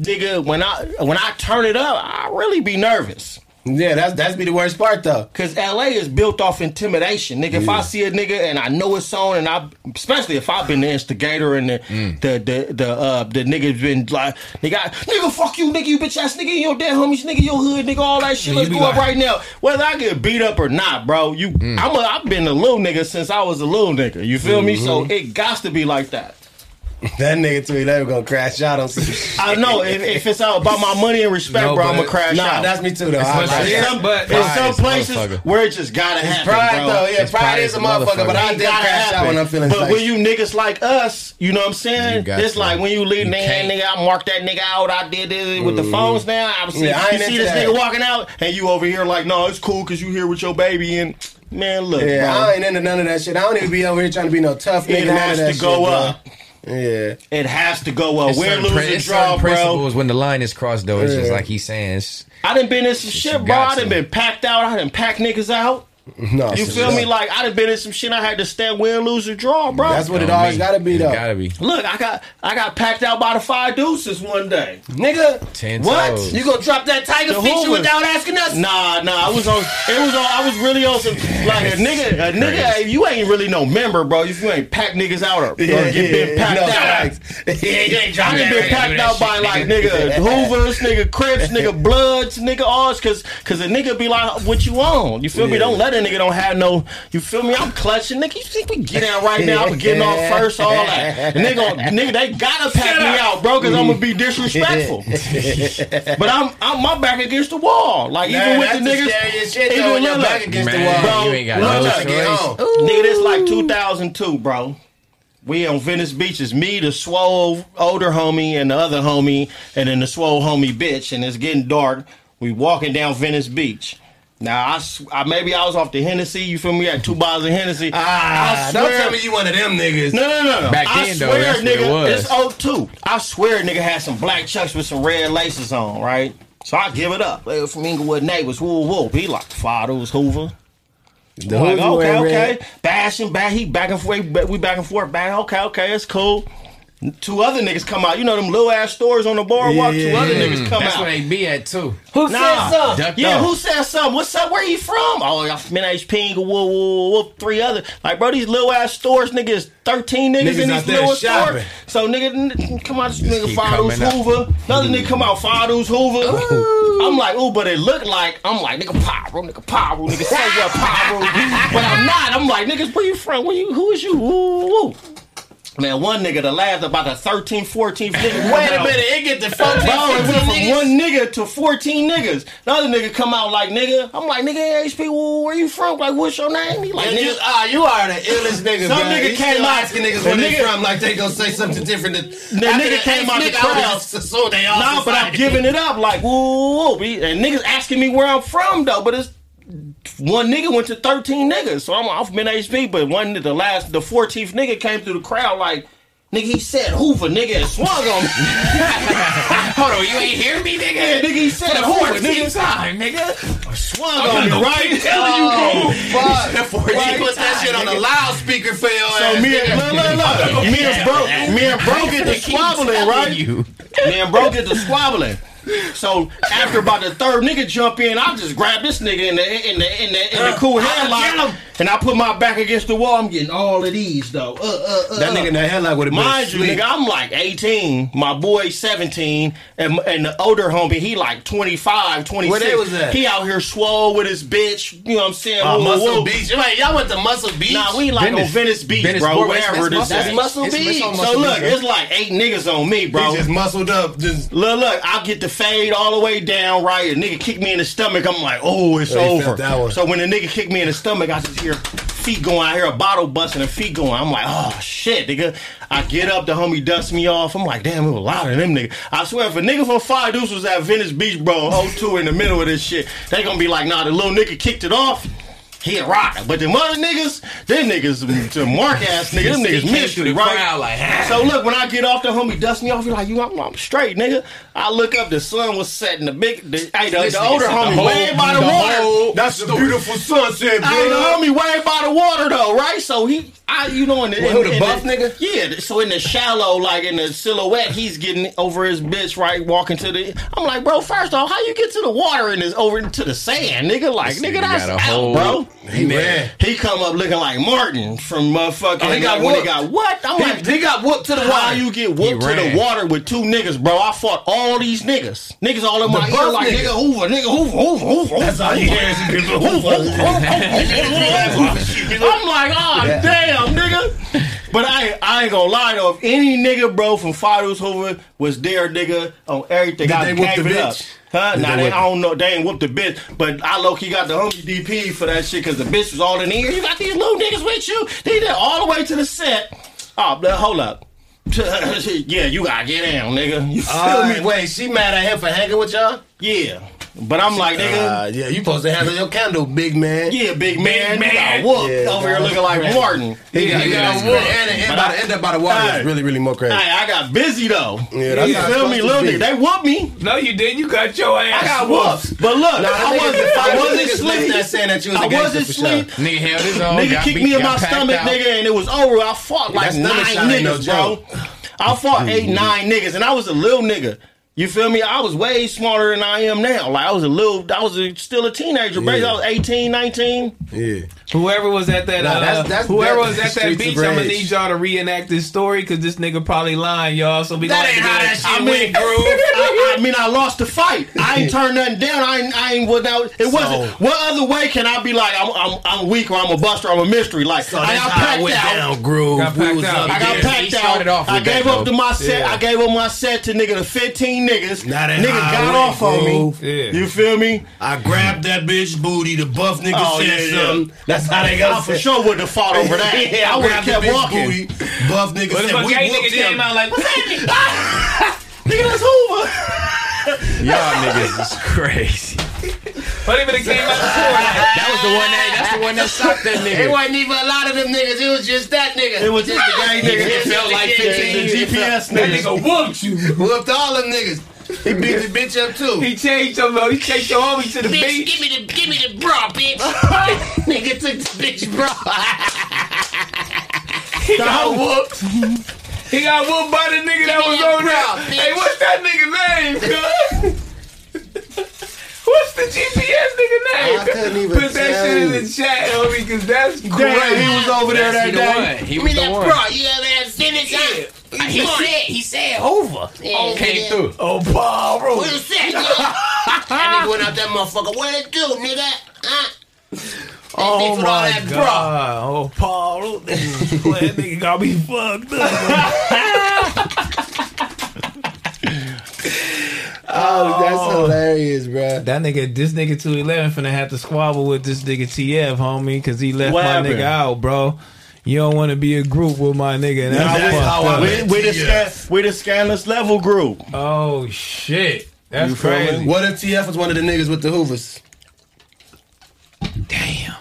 [SPEAKER 3] nigga. When I when I turn it up, I really be nervous.
[SPEAKER 2] Yeah, that's that's be the worst part though,
[SPEAKER 3] cause LA is built off intimidation, nigga. If I see a nigga and I know it's on, and I especially if I've been the instigator and the
[SPEAKER 4] Mm.
[SPEAKER 3] the the the, uh, the nigga's been like, nigga, nigga, fuck you, nigga, you bitch ass nigga, you your damn homies, nigga, your hood, nigga, all that shit.
[SPEAKER 4] Yeah, you
[SPEAKER 3] Let's
[SPEAKER 4] be
[SPEAKER 3] go up
[SPEAKER 4] like- Mm.
[SPEAKER 3] right now, whether I get beat up or not, bro. You, I'm a, I've been a little nigga since I was a little nigga. You feel me? So
[SPEAKER 4] Mm-hmm.
[SPEAKER 2] Mhm.
[SPEAKER 3] it got to be like that.
[SPEAKER 2] That nigga tweet, they were gonna crash out on some shit.
[SPEAKER 3] I know if, if it's all about my money and respect,
[SPEAKER 2] No,
[SPEAKER 3] bro,
[SPEAKER 2] but
[SPEAKER 3] I'm gonna
[SPEAKER 2] it-
[SPEAKER 3] crash
[SPEAKER 2] nah,
[SPEAKER 3] out.
[SPEAKER 2] that's me too, though.
[SPEAKER 3] It's
[SPEAKER 2] I-
[SPEAKER 3] much-
[SPEAKER 2] I-
[SPEAKER 3] it's
[SPEAKER 2] yeah.
[SPEAKER 3] some,
[SPEAKER 2] But-
[SPEAKER 3] in
[SPEAKER 2] pride
[SPEAKER 3] some
[SPEAKER 2] is a
[SPEAKER 3] places
[SPEAKER 2] motherfucker.
[SPEAKER 3] where it just gotta
[SPEAKER 2] It's
[SPEAKER 3] happen.
[SPEAKER 2] pride,
[SPEAKER 3] bro.
[SPEAKER 2] though. Yeah, It's pride pride is is a a motherfucker, motherfucker. but I
[SPEAKER 3] It
[SPEAKER 2] did crash out when I'm feeling
[SPEAKER 3] But
[SPEAKER 2] safe.
[SPEAKER 3] when you niggas like us, you know what I'm
[SPEAKER 2] You
[SPEAKER 3] saying?
[SPEAKER 2] got
[SPEAKER 3] It's
[SPEAKER 2] to.
[SPEAKER 3] like when you leave
[SPEAKER 2] You
[SPEAKER 3] the hand,
[SPEAKER 2] can't.
[SPEAKER 3] nigga, I marked that nigga out. I did this with the
[SPEAKER 2] Mhm.
[SPEAKER 3] phones now. I see,
[SPEAKER 2] Yeah, I
[SPEAKER 3] you
[SPEAKER 2] ain't
[SPEAKER 3] see
[SPEAKER 2] into
[SPEAKER 3] this
[SPEAKER 2] that.
[SPEAKER 3] nigga walking out, and you over here like, no, it's cool because you here with your baby. And man, look,
[SPEAKER 2] yeah,
[SPEAKER 3] bro.
[SPEAKER 2] I ain't into none of that shit. I don't even be over here trying to be no tough nigga.
[SPEAKER 3] It
[SPEAKER 2] none
[SPEAKER 3] has
[SPEAKER 2] of that
[SPEAKER 3] to go
[SPEAKER 2] shit, bro.
[SPEAKER 3] up.
[SPEAKER 2] Yeah,
[SPEAKER 3] it has to go up.
[SPEAKER 4] It's
[SPEAKER 3] We're
[SPEAKER 4] certain prin-
[SPEAKER 3] losing
[SPEAKER 4] it's
[SPEAKER 3] draw,
[SPEAKER 4] certain
[SPEAKER 3] bro.
[SPEAKER 4] principles when the line is crossed, though. It's just
[SPEAKER 3] Yeah.
[SPEAKER 4] like he's saying. It's,
[SPEAKER 3] I done been in some shit, bro.
[SPEAKER 4] got
[SPEAKER 3] I done
[SPEAKER 4] to.
[SPEAKER 3] been packed out. I done packed niggas out.
[SPEAKER 2] No,
[SPEAKER 3] you
[SPEAKER 4] it's
[SPEAKER 3] feel
[SPEAKER 4] just-
[SPEAKER 3] me? Like I done been in some shit. I had to stand win, lose, or draw, bro.
[SPEAKER 2] That's what it always gotta be, though.
[SPEAKER 4] Gotta be.
[SPEAKER 3] Look, I got I got packed out by the five deuces one day,
[SPEAKER 2] nigga.
[SPEAKER 4] Ten
[SPEAKER 3] what
[SPEAKER 4] toes.
[SPEAKER 3] you gonna drop that
[SPEAKER 2] Tiger feature without asking us?
[SPEAKER 3] Nah, nah. I was on. It was on. I was really on some like a nigga. A nigga,
[SPEAKER 2] Crazy.
[SPEAKER 3] hey, you ain't really no member, bro. If you ain't packed niggas out or, or
[SPEAKER 2] Yeah,
[SPEAKER 3] get been
[SPEAKER 2] yeah,
[SPEAKER 3] packed
[SPEAKER 2] no,
[SPEAKER 3] out.
[SPEAKER 2] facts. Yeah, you ain't dropping
[SPEAKER 3] I done
[SPEAKER 2] that
[SPEAKER 3] been
[SPEAKER 2] right now,
[SPEAKER 3] packed
[SPEAKER 2] do that
[SPEAKER 3] out by
[SPEAKER 2] shit,
[SPEAKER 3] like
[SPEAKER 2] nigga.
[SPEAKER 3] nigga Hoovers, nigga Crips, nigga Bloods, nigga Oz, cause cause a nigga be like, what you on? You feel me?
[SPEAKER 2] Yeah.
[SPEAKER 3] Don't let a nigga don't have no. You feel me? I'm clutching, nigga. You think we get out right now? I'm getting off first, all that. Nigga, nigga, they gotta pack
[SPEAKER 2] Shut
[SPEAKER 3] me
[SPEAKER 2] up.
[SPEAKER 3] out, bro, cause I'm gonna be disrespectful. But I'm I'm my back against the wall. Like even
[SPEAKER 2] Man,
[SPEAKER 3] with the
[SPEAKER 2] that's the
[SPEAKER 3] niggas,
[SPEAKER 2] scariest shit, though,
[SPEAKER 3] even
[SPEAKER 2] when your
[SPEAKER 3] Lillard.
[SPEAKER 2] back against the Man, wall.
[SPEAKER 3] Bro,
[SPEAKER 2] you ain't got no
[SPEAKER 3] Lillard.
[SPEAKER 2] choice.
[SPEAKER 3] Nigga, this like 2002, bro. We on Venice Beach. It's me, the swole older homie, and the other homie, and then the swole homie bitch. And it's getting dark. We walking down Venice Beach. Now I, sw- I maybe I was off the Hennessy. You feel me? I had two bottles of Hennessy.
[SPEAKER 2] Ah,
[SPEAKER 3] I
[SPEAKER 2] don't
[SPEAKER 3] swear-
[SPEAKER 2] tell me you one of them niggas.
[SPEAKER 3] No, no, no, no.
[SPEAKER 2] Back
[SPEAKER 3] I
[SPEAKER 2] then, though,
[SPEAKER 3] swear,
[SPEAKER 2] that's what it
[SPEAKER 3] nigga,
[SPEAKER 2] was.
[SPEAKER 3] it's 02. I swear, nigga had some black chucks with some red laces on, right? So I give it up. They were from Inglewood neighbors, woo woo. He like five those Hoover.
[SPEAKER 2] The
[SPEAKER 3] I'm like,
[SPEAKER 2] Hoover
[SPEAKER 3] okay,
[SPEAKER 2] wear
[SPEAKER 3] okay.
[SPEAKER 2] red.
[SPEAKER 3] Bash him back. He back and forth. We back and forth. Back. Okay, okay. It's cool. Two other niggas come out. You know them little ass stores on the boardwalk.
[SPEAKER 4] Yeah,
[SPEAKER 3] Two other
[SPEAKER 4] yeah,
[SPEAKER 3] niggas
[SPEAKER 4] yeah.
[SPEAKER 3] come
[SPEAKER 4] That's
[SPEAKER 3] out.
[SPEAKER 4] where they be at too.
[SPEAKER 3] Who said
[SPEAKER 4] Nah.
[SPEAKER 3] something?
[SPEAKER 4] Ducked
[SPEAKER 3] yeah,
[SPEAKER 4] up.
[SPEAKER 3] who said something? What's up? Where you from? Oh, y'all from NHP, whoop, whoop, whoop, whoop, three other. Like, bro, these little ass stores, niggas, 13 niggas,
[SPEAKER 2] Niggas
[SPEAKER 3] in
[SPEAKER 2] out
[SPEAKER 3] these
[SPEAKER 2] there
[SPEAKER 3] little
[SPEAKER 2] shopping.
[SPEAKER 3] stores. So, nigga, n- come out, this nigga,
[SPEAKER 2] keep
[SPEAKER 3] Fadu's
[SPEAKER 2] coming up.
[SPEAKER 3] Hoover. Another nigga come out, Fadu's Hoover. I'm like, ooh, but it look like, I'm like, nigga, Pyro, nigga, Pyro, nigga, say what, Pyro. but I'm not. I'm like, niggas, where you from? Where you, who is you? Woo, woo, woo. Man, one nigga that laughed about the 13th, 14th nigga.
[SPEAKER 2] Wait
[SPEAKER 3] come
[SPEAKER 2] a
[SPEAKER 3] out.
[SPEAKER 2] minute, it get to 14,
[SPEAKER 3] Bro, Oh, it went
[SPEAKER 2] 15
[SPEAKER 3] from
[SPEAKER 2] niggas?
[SPEAKER 3] one nigga to 14 niggas. The other nigga come out like, nigga, I'm like, nigga, HP, wh- where you from? Like, what's your name? He like,
[SPEAKER 2] Man,
[SPEAKER 3] nigga.
[SPEAKER 2] you- ah, you are the illest nigga,
[SPEAKER 3] Some
[SPEAKER 2] bro.
[SPEAKER 3] nigga
[SPEAKER 2] You
[SPEAKER 3] came
[SPEAKER 2] still
[SPEAKER 3] out.
[SPEAKER 2] asking niggas
[SPEAKER 3] the
[SPEAKER 2] where they
[SPEAKER 3] nigga-
[SPEAKER 2] from like they gonna say something different than-
[SPEAKER 3] The
[SPEAKER 2] After
[SPEAKER 3] nigga
[SPEAKER 2] the
[SPEAKER 3] came
[SPEAKER 2] eighth
[SPEAKER 3] out the
[SPEAKER 2] nigga, I would've
[SPEAKER 3] crowd.
[SPEAKER 2] just assumed they all
[SPEAKER 3] Nah, but I'm
[SPEAKER 2] society.
[SPEAKER 3] giving it up. Like, whoa, whoa, whoa. And niggas asking me where I'm from, though. But it's one nigga went to 13 niggas. So I'm off mid HP, but one the last, the 14th nigga came through the crowd like,
[SPEAKER 2] Nigga, he said Hoover, nigga, and swung on me. Hold
[SPEAKER 3] on, you ain't hear me, nigga?
[SPEAKER 2] Yeah, nigga, he said
[SPEAKER 3] For the
[SPEAKER 2] Hoover,
[SPEAKER 3] 14th
[SPEAKER 2] nigga.
[SPEAKER 3] time, nigga.
[SPEAKER 2] Swung
[SPEAKER 3] I'm
[SPEAKER 2] on me,
[SPEAKER 3] gonna
[SPEAKER 2] right?
[SPEAKER 3] keep telling you,
[SPEAKER 2] Oh,
[SPEAKER 3] bro.
[SPEAKER 2] fuck.
[SPEAKER 3] He said 14th
[SPEAKER 2] Right.
[SPEAKER 3] Put that shit on the loudspeaker for your
[SPEAKER 2] So
[SPEAKER 3] ass,
[SPEAKER 2] me and
[SPEAKER 3] nigga.
[SPEAKER 2] look, look, look. me and bro, me and bro get
[SPEAKER 3] They
[SPEAKER 2] to
[SPEAKER 3] keep
[SPEAKER 2] squabbling,
[SPEAKER 3] telling
[SPEAKER 2] right?
[SPEAKER 3] you.
[SPEAKER 2] Me and bro get to squabbling. So after about the third nigga jump in, I just grab this nigga in the in the in the, in the cool headlock, and I put my back against the wall. I'm getting all of these though. Uh, uh, uh,
[SPEAKER 4] That nigga in the headlock would've been
[SPEAKER 2] Mind you,
[SPEAKER 4] asleep.
[SPEAKER 2] nigga, I'm like 18. My boy 17, and, and the older homie, he like 25, 26.
[SPEAKER 4] Where they was at?
[SPEAKER 2] He out here swole with his bitch. You know what I'm saying?
[SPEAKER 4] Oh,
[SPEAKER 2] Woo, woo,
[SPEAKER 4] Muscle
[SPEAKER 2] woo.
[SPEAKER 4] Beach. Like, y'all went to Muscle Beach?
[SPEAKER 2] Nah, we like
[SPEAKER 4] Venice.
[SPEAKER 2] on Venice Beach,
[SPEAKER 4] Venice,
[SPEAKER 2] bro.
[SPEAKER 4] bro, that's-
[SPEAKER 2] wherever
[SPEAKER 4] that's
[SPEAKER 2] this
[SPEAKER 4] Muscle-
[SPEAKER 2] at.
[SPEAKER 4] that's Muscle
[SPEAKER 2] It's
[SPEAKER 4] Beach.
[SPEAKER 2] on
[SPEAKER 4] So
[SPEAKER 2] Muscle
[SPEAKER 4] look,
[SPEAKER 2] Beach, bro. it's like eight niggas on me, bro.
[SPEAKER 4] He just muscled up. Just
[SPEAKER 2] look, look. I get the fade all the way down right. A nigga kick me in the stomach. I'm like, oh, it's
[SPEAKER 4] Oh, he felt that
[SPEAKER 2] over.
[SPEAKER 4] one.
[SPEAKER 2] So when the nigga kicked me in the stomach, I just hear feet going. I hear a bottle busting and feet going. I'm like, oh shit, nigga. I get up, the homie dusts me off. I'm like, damn, it was louder than them nigga. I swear, if a nigga from Five Deuce was at Venice Beach, bro, O2 in the middle of this shit, they gonna be like, nah, the little nigga kicked it off. He a rocker, but them other niggas, them niggas, the mark ass nigga, them
[SPEAKER 3] He
[SPEAKER 2] niggas
[SPEAKER 3] came through
[SPEAKER 2] mystery,
[SPEAKER 3] the
[SPEAKER 2] right?
[SPEAKER 3] crowd like, "Ah."
[SPEAKER 2] so look, when I get off, the homie dust me off. He like, you, I'm, I'm straight, nigga. I look up, the sun was setting. The big, the, hey, the,
[SPEAKER 4] This
[SPEAKER 2] the
[SPEAKER 4] nigga
[SPEAKER 2] older
[SPEAKER 4] said the
[SPEAKER 2] homie
[SPEAKER 4] whole-
[SPEAKER 2] way by the,
[SPEAKER 4] the
[SPEAKER 2] water.
[SPEAKER 4] whole That's the story. beautiful sunset,
[SPEAKER 2] Hey, the
[SPEAKER 4] bro.
[SPEAKER 2] homie way by the water though, right? So he, I, you know, in the,
[SPEAKER 4] Who,
[SPEAKER 2] in,
[SPEAKER 4] the
[SPEAKER 2] in
[SPEAKER 4] buff
[SPEAKER 2] nigga, yeah. So in the shallow, like in the silhouette, he's getting over his bitch, right? Walking to the, I'm like, bro, first off, how you get to the water and is over into the sand, nigga? Like,
[SPEAKER 4] This
[SPEAKER 2] nigga,
[SPEAKER 4] nigga
[SPEAKER 2] that's
[SPEAKER 4] got a
[SPEAKER 2] out,
[SPEAKER 4] whole-
[SPEAKER 2] bro.
[SPEAKER 4] He ran.
[SPEAKER 2] He come up looking like Martin from motherfucking.
[SPEAKER 4] Oh, he got
[SPEAKER 2] when he
[SPEAKER 4] whooped.
[SPEAKER 2] got what? I'm
[SPEAKER 4] He-
[SPEAKER 2] like,
[SPEAKER 4] he got whooped to the
[SPEAKER 2] How
[SPEAKER 4] water.
[SPEAKER 2] you get whooped
[SPEAKER 4] He
[SPEAKER 2] to the
[SPEAKER 4] ran.
[SPEAKER 2] water with two niggas, bro? I fought all these niggas. Niggas all in
[SPEAKER 4] The
[SPEAKER 2] my ear
[SPEAKER 4] buff
[SPEAKER 2] like
[SPEAKER 4] niggas.
[SPEAKER 2] nigga Hoover, nigga Hoover, Hoover, Hoover. Hoover,
[SPEAKER 4] That's all he
[SPEAKER 2] Hoover.
[SPEAKER 4] hears is people,
[SPEAKER 2] Hoover,
[SPEAKER 4] Hoover.
[SPEAKER 2] Hoover, Hoover, Hoover, Hoover. I'm like, oh
[SPEAKER 4] Yeah.
[SPEAKER 2] damn, nigga. But I, I ain't gonna lie though. If any nigga, bro, from Fido's Hoover was there, nigga, on everything,
[SPEAKER 4] Did
[SPEAKER 2] I
[SPEAKER 4] they whoop
[SPEAKER 2] gave
[SPEAKER 4] the
[SPEAKER 2] it up.
[SPEAKER 4] bitch?
[SPEAKER 2] Huh?
[SPEAKER 4] Did
[SPEAKER 2] Nah,
[SPEAKER 4] they
[SPEAKER 2] they,
[SPEAKER 4] whip
[SPEAKER 2] I don't know. They ain't whooped the bitch, but I low key got the homie DP for that shit because the bitch was all in here. You got these little niggas with you. They did all the way to the set. Oh, but hold up. yeah, you gotta get down, nigga. You feel me?
[SPEAKER 4] Wait, she mad at him for hanging with y'all?
[SPEAKER 2] Yeah. But I'm like, nigga.
[SPEAKER 4] Uh, yeah, you supposed to handle your candle, big man.
[SPEAKER 2] Yeah, big man. You got whooped over here looking like Martin.
[SPEAKER 4] He
[SPEAKER 2] Yeah,
[SPEAKER 4] got,
[SPEAKER 2] you got whooped.
[SPEAKER 4] got whooped. And it
[SPEAKER 2] But
[SPEAKER 4] end
[SPEAKER 2] I-
[SPEAKER 4] by the, end up by the water
[SPEAKER 2] Hey.
[SPEAKER 4] was really, really more crazy.
[SPEAKER 2] Hey, I got busy though.
[SPEAKER 4] Yeah, that's
[SPEAKER 2] you
[SPEAKER 4] how it's
[SPEAKER 2] feel me,
[SPEAKER 4] supposed to
[SPEAKER 2] little
[SPEAKER 4] be.
[SPEAKER 2] nigga? They whooped me.
[SPEAKER 1] No, you didn't. You got your ass.
[SPEAKER 2] I got
[SPEAKER 1] whooped.
[SPEAKER 2] whoops. But look,
[SPEAKER 4] Nah,
[SPEAKER 2] I
[SPEAKER 4] them
[SPEAKER 2] wasn't,
[SPEAKER 4] niggas-
[SPEAKER 2] I
[SPEAKER 4] them
[SPEAKER 2] wasn't
[SPEAKER 4] niggas
[SPEAKER 2] asleep.
[SPEAKER 4] left that saying that you was a
[SPEAKER 2] I
[SPEAKER 4] gangster
[SPEAKER 2] wasn't
[SPEAKER 4] for
[SPEAKER 2] asleep.
[SPEAKER 4] sure. Nigga held his own,
[SPEAKER 2] Nigga
[SPEAKER 4] Oh, got
[SPEAKER 2] kicked
[SPEAKER 4] beat-
[SPEAKER 2] me in
[SPEAKER 4] got
[SPEAKER 2] my
[SPEAKER 4] packed
[SPEAKER 2] stomach,
[SPEAKER 4] out.
[SPEAKER 2] nigga, and it was over. I fought
[SPEAKER 4] Yeah,
[SPEAKER 2] like
[SPEAKER 4] that stomach
[SPEAKER 2] nine
[SPEAKER 4] shot ain't no
[SPEAKER 2] niggas, bro.
[SPEAKER 4] joke. Mm-hmm.
[SPEAKER 2] I fought eight, nine niggas, and I was a little nigga. You feel me? I was way smarter than I am now. Like I was a little, I was a, still a teenager, bro.
[SPEAKER 1] Yeah.
[SPEAKER 2] I was 18, 19.
[SPEAKER 4] Yeah.
[SPEAKER 1] Whoever was at that,
[SPEAKER 2] Nah,
[SPEAKER 1] uh,
[SPEAKER 2] that's- that's-
[SPEAKER 1] whoever
[SPEAKER 2] that's
[SPEAKER 1] was at that
[SPEAKER 2] streets of
[SPEAKER 1] beach, I'm gonna
[SPEAKER 2] rage.
[SPEAKER 1] need y'all to reenact this story because this nigga probably lying, y'all. So we
[SPEAKER 2] That
[SPEAKER 1] gonna
[SPEAKER 2] ain't how
[SPEAKER 1] have
[SPEAKER 2] that
[SPEAKER 1] to
[SPEAKER 2] shit
[SPEAKER 1] go-
[SPEAKER 2] went, bro. I, I mean, I lost the fight. I ain't turned nothing down. I ain't, I ain't without. It wasn't. What other way can I be like? I'm, I'm, I'm weak or I'm a buster. I'm a mystery. Like I
[SPEAKER 4] that's
[SPEAKER 2] got
[SPEAKER 4] how it
[SPEAKER 2] packed
[SPEAKER 4] went
[SPEAKER 2] out.
[SPEAKER 4] down, Groove. Got We packed was out. up
[SPEAKER 2] I got
[SPEAKER 4] there.
[SPEAKER 2] packed
[SPEAKER 4] He started
[SPEAKER 2] out.
[SPEAKER 4] off
[SPEAKER 2] I
[SPEAKER 4] with
[SPEAKER 2] gave
[SPEAKER 4] that,
[SPEAKER 2] up to
[SPEAKER 4] though.
[SPEAKER 2] my set.
[SPEAKER 4] Yeah.
[SPEAKER 2] I gave up my set to nigga the 15 niggas.
[SPEAKER 4] Not that
[SPEAKER 2] nigga
[SPEAKER 4] high
[SPEAKER 2] got
[SPEAKER 4] way,
[SPEAKER 2] off on me.
[SPEAKER 4] Groove. Yeah.
[SPEAKER 2] You feel me? Oh,
[SPEAKER 4] I grabbed that bitch booty. The buff nigga said something. That's how they
[SPEAKER 2] I
[SPEAKER 4] got.
[SPEAKER 2] for sure would have fought over that.
[SPEAKER 4] yeah,
[SPEAKER 2] I would have
[SPEAKER 4] grabbed the
[SPEAKER 2] kept
[SPEAKER 4] bitch
[SPEAKER 2] walking.
[SPEAKER 4] Booty. Buff nigga
[SPEAKER 1] But if
[SPEAKER 4] said
[SPEAKER 1] a
[SPEAKER 4] we
[SPEAKER 1] gay
[SPEAKER 4] whooped
[SPEAKER 1] nigga came
[SPEAKER 4] him.
[SPEAKER 1] out like, what's happening?
[SPEAKER 2] Nigga, that's Hoover.
[SPEAKER 11] Y'all niggas is crazy.
[SPEAKER 1] But even it came out
[SPEAKER 11] That was the one that. That's the one that socked that
[SPEAKER 6] It
[SPEAKER 11] nigga.
[SPEAKER 6] wasn't even a lot of them niggas. It was just that nigga.
[SPEAKER 2] It was just the gang nigga.
[SPEAKER 6] It felt like 15.
[SPEAKER 2] The GPS
[SPEAKER 1] That
[SPEAKER 2] nigga.
[SPEAKER 1] nigga whooped you.
[SPEAKER 6] Whooped all them niggas. He beat the bitch up too.
[SPEAKER 1] He changed your though. He changed your homie to the
[SPEAKER 6] Bitch,
[SPEAKER 1] beach.
[SPEAKER 6] give me the give me the bra, bitch. nigga took the bitch bra.
[SPEAKER 1] He got whooped. He got whooped by the nigga that
[SPEAKER 6] Give me
[SPEAKER 1] was
[SPEAKER 6] your
[SPEAKER 1] on
[SPEAKER 6] bra,
[SPEAKER 1] that. Hey, what's that nigga name, cuz? What's the GPS nigga name?
[SPEAKER 4] I couldn't even
[SPEAKER 1] Put that
[SPEAKER 4] tell
[SPEAKER 1] shit in
[SPEAKER 4] you.
[SPEAKER 1] the chat, homie, because that's great.
[SPEAKER 2] he was over there that day.
[SPEAKER 11] He
[SPEAKER 6] give
[SPEAKER 11] was
[SPEAKER 6] me
[SPEAKER 11] the
[SPEAKER 6] that
[SPEAKER 11] one.
[SPEAKER 6] bra. You know what I'm saying? Yeah. He, said he said over. Yeah,
[SPEAKER 11] Came through.
[SPEAKER 1] Oh, Paul, bro.
[SPEAKER 6] What is that? nigga? that nigga went out that motherfucker. What it do, nigga? Huh? They
[SPEAKER 1] Oh
[SPEAKER 6] put all
[SPEAKER 1] my
[SPEAKER 6] that bra.
[SPEAKER 1] god! Oh, Paul, that nigga got me fucked up.
[SPEAKER 4] Oh, that's hilarious, bro.
[SPEAKER 1] That nigga, this nigga two eleven finna have to squabble with this nigga TF, homie, because he left
[SPEAKER 2] What
[SPEAKER 1] my
[SPEAKER 2] happened?
[SPEAKER 1] nigga out, bro. You don't want to be a group with my nigga. And
[SPEAKER 2] Nah,
[SPEAKER 1] that's
[SPEAKER 2] that's
[SPEAKER 1] fucked
[SPEAKER 2] how
[SPEAKER 1] up.
[SPEAKER 2] I- we- we the sca- we the scandalous level group.
[SPEAKER 1] Oh shit, that's
[SPEAKER 2] You feel me?
[SPEAKER 1] crazy.
[SPEAKER 4] What if TF was one of the niggas with the Hoovers?
[SPEAKER 1] Damn.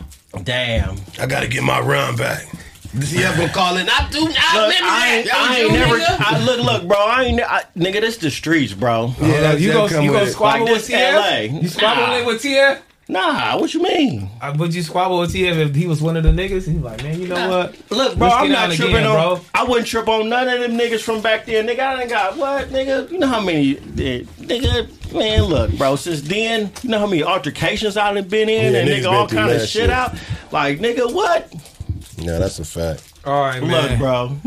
[SPEAKER 2] Damn.
[SPEAKER 4] I gotta get my run back.
[SPEAKER 2] Yeah, I'm gonna call it. I do. I
[SPEAKER 3] Look,
[SPEAKER 2] remember
[SPEAKER 3] I
[SPEAKER 2] that.
[SPEAKER 3] ain't, I ain't never. I, look, look, bro. I ain't. ne- I, nigga, this the streets, bro.
[SPEAKER 1] Yeah, that's- you that gonna- come you with gonna it. squabble
[SPEAKER 3] Like, this
[SPEAKER 1] with TF?
[SPEAKER 3] LA.
[SPEAKER 1] You squabbling with TF?
[SPEAKER 3] Nah, what you mean?
[SPEAKER 1] Uh, would you squabble with TF if he was one of the niggas? He's like, man, you know what?
[SPEAKER 3] Look, bro,
[SPEAKER 1] Let's
[SPEAKER 3] I'm
[SPEAKER 1] get
[SPEAKER 3] not
[SPEAKER 1] out
[SPEAKER 3] tripping
[SPEAKER 1] again,
[SPEAKER 3] on.
[SPEAKER 1] bro.
[SPEAKER 3] I wouldn't trip on none of them niggas from back then. Nigga, I done got what, nigga? You know how many? eh, Nigga, man, look, bro. Since then, you know how many altercations I done been in,
[SPEAKER 2] Yeah,
[SPEAKER 3] and
[SPEAKER 2] niggas
[SPEAKER 3] nigga, all
[SPEAKER 2] been through
[SPEAKER 3] kind of
[SPEAKER 2] mad
[SPEAKER 3] shit,
[SPEAKER 2] shit.
[SPEAKER 3] out. Like, nigga, what?
[SPEAKER 2] No, that's a fact.
[SPEAKER 1] All right,
[SPEAKER 3] Look,
[SPEAKER 2] man.
[SPEAKER 3] bro,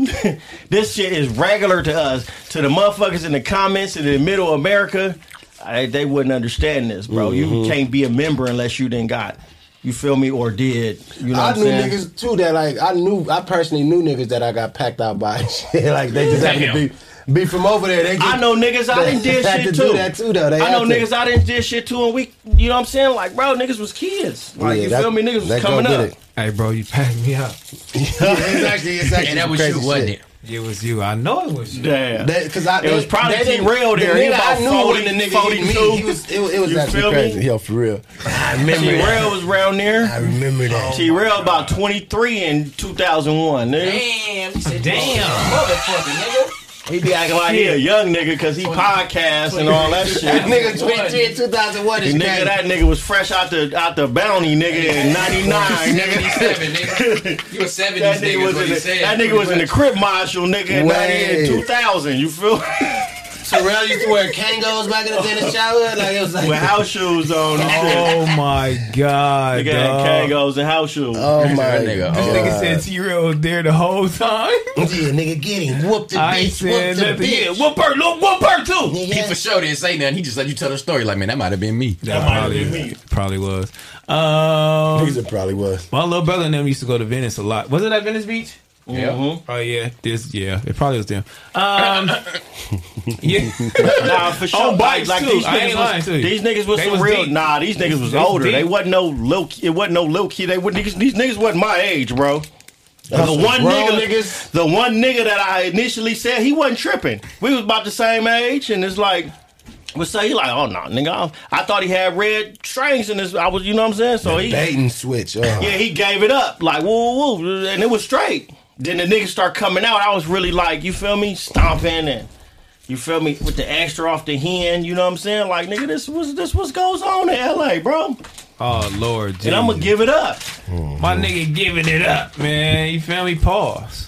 [SPEAKER 3] this shit is regular to us. To the motherfuckers in the comments in the middle of America, I, they wouldn't understand this, bro.
[SPEAKER 2] Mhm.
[SPEAKER 3] You can't be a member unless you didn't got, you feel me, or did. You know
[SPEAKER 2] I
[SPEAKER 3] what I'm
[SPEAKER 2] knew
[SPEAKER 3] saying?
[SPEAKER 2] niggas too that like I knew I personally knew niggas that I got packed out by and shit. Like they just happened to be be from over there. They just,
[SPEAKER 3] I know niggas I
[SPEAKER 2] they
[SPEAKER 3] didn't did
[SPEAKER 2] had
[SPEAKER 3] shit
[SPEAKER 2] to
[SPEAKER 3] too.
[SPEAKER 2] Do that too though. They
[SPEAKER 3] I know
[SPEAKER 2] had to.
[SPEAKER 3] niggas I didn't did shit too, and we, you know what I'm saying? Like, bro, niggas was kids. Like,
[SPEAKER 2] Yeah,
[SPEAKER 3] you
[SPEAKER 2] that-
[SPEAKER 3] feel me? Niggas
[SPEAKER 2] that
[SPEAKER 3] was
[SPEAKER 2] go
[SPEAKER 3] coming
[SPEAKER 2] get
[SPEAKER 3] up.
[SPEAKER 2] it.
[SPEAKER 1] Hey, bro, you packed me up.
[SPEAKER 2] exactly, exactly.
[SPEAKER 1] And that was
[SPEAKER 2] Crazy
[SPEAKER 1] you, wasn't
[SPEAKER 2] shit.
[SPEAKER 1] it? It was you. I know it was you.
[SPEAKER 3] Damn.
[SPEAKER 2] That- 'cause I-
[SPEAKER 1] It was probably
[SPEAKER 2] they didn't-
[SPEAKER 1] T-Rail there.
[SPEAKER 2] The
[SPEAKER 1] He
[SPEAKER 2] nigga
[SPEAKER 1] about
[SPEAKER 2] I knew
[SPEAKER 1] 40,
[SPEAKER 2] when the nigga hit me. He was, it, was- it was
[SPEAKER 3] You
[SPEAKER 2] actually
[SPEAKER 3] feel me?
[SPEAKER 2] crazy. Yo, for real. I remember
[SPEAKER 3] T-Rail
[SPEAKER 2] that.
[SPEAKER 3] was around there. I
[SPEAKER 2] remember
[SPEAKER 3] Oh,
[SPEAKER 2] that.
[SPEAKER 3] T-Rail about 23 in 2001, nigga.
[SPEAKER 6] Damn, he said,
[SPEAKER 3] Damn.
[SPEAKER 6] motherfucker,
[SPEAKER 3] He be acting like he a young nigga because he podcasts and all that shit.
[SPEAKER 2] That nigga 23 in 2001 is crazy.
[SPEAKER 3] The nigga, that nigga was fresh out the out the bounty, nigga, in '99, nigga.
[SPEAKER 10] nigga. You a 70s
[SPEAKER 3] That
[SPEAKER 10] nigga,
[SPEAKER 3] nigga
[SPEAKER 10] is
[SPEAKER 3] was
[SPEAKER 10] what
[SPEAKER 3] in
[SPEAKER 10] he
[SPEAKER 3] the,
[SPEAKER 10] said.
[SPEAKER 3] that nigga
[SPEAKER 10] pretty
[SPEAKER 3] was in the
[SPEAKER 10] much.
[SPEAKER 3] crib marshal, nigga, in
[SPEAKER 2] Wait.
[SPEAKER 3] 98, 2000. You feel?
[SPEAKER 2] Terrell used to wear Kangos back in the day in the shower. Like it was like
[SPEAKER 3] With house shoes on.
[SPEAKER 1] Oh my god,
[SPEAKER 3] Nigga had
[SPEAKER 1] dog.
[SPEAKER 3] Kangos and house shoes.
[SPEAKER 2] Oh my That nigga,
[SPEAKER 1] This nigga said T Rail was there the whole time. yeah,
[SPEAKER 2] nigga, get him. Whoop
[SPEAKER 10] the
[SPEAKER 1] I ain't
[SPEAKER 10] bitch,
[SPEAKER 1] saying
[SPEAKER 10] whoop the
[SPEAKER 1] nothing.
[SPEAKER 10] bitch.
[SPEAKER 1] Yeah, whoop her, look, whoop her too.
[SPEAKER 10] He for sure didn't say nothing. He just let you tell the story. Like, man, that might have been me.
[SPEAKER 1] That might have been me. Probably was. Um,
[SPEAKER 2] it probably was.
[SPEAKER 1] My little brother and them used to go to Venice a lot. Was it at Venice Beach?
[SPEAKER 3] Yeah. Mhm.
[SPEAKER 1] Oh yeah. This yeah. It probably was them. Um, yeah.
[SPEAKER 3] Nah, for sure.
[SPEAKER 1] On bikes
[SPEAKER 3] like,
[SPEAKER 1] too.
[SPEAKER 3] These
[SPEAKER 1] I ain't
[SPEAKER 3] niggas
[SPEAKER 1] lying
[SPEAKER 3] was,
[SPEAKER 1] to you.
[SPEAKER 3] these niggas was
[SPEAKER 1] They
[SPEAKER 3] some
[SPEAKER 1] was
[SPEAKER 3] real.
[SPEAKER 1] deep.
[SPEAKER 3] Nah, these niggas was
[SPEAKER 1] They was
[SPEAKER 3] older. They
[SPEAKER 1] deep.
[SPEAKER 3] wasn't no low. key- It wasn't no low key. They wouldn't. These, these niggas wasn't my age, bro. The
[SPEAKER 2] That's
[SPEAKER 3] one
[SPEAKER 2] grown
[SPEAKER 3] nigga,
[SPEAKER 2] niggas.
[SPEAKER 3] the one nigga that I initially said he wasn't tripping. We was about the same age, and it's like. But say he like, oh no, nigga. I, I thought he had red strings in his. I was, you know what I'm saying. So he
[SPEAKER 2] baiting switch.
[SPEAKER 1] uh.
[SPEAKER 2] Oh.
[SPEAKER 3] yeah, he gave it up. Like, woo, woo, woo. And it was straight. Then the niggas start coming out. I was really like, you feel me? Stomping and you feel me with the extra off the hen. You know what I'm saying? Like, nigga, this was this what goes on in LA, bro.
[SPEAKER 1] Oh Lord.
[SPEAKER 3] And I'm gonna
[SPEAKER 1] Jesus.
[SPEAKER 3] give it up.
[SPEAKER 1] My nigga giving it up, man. You feel me? Pause.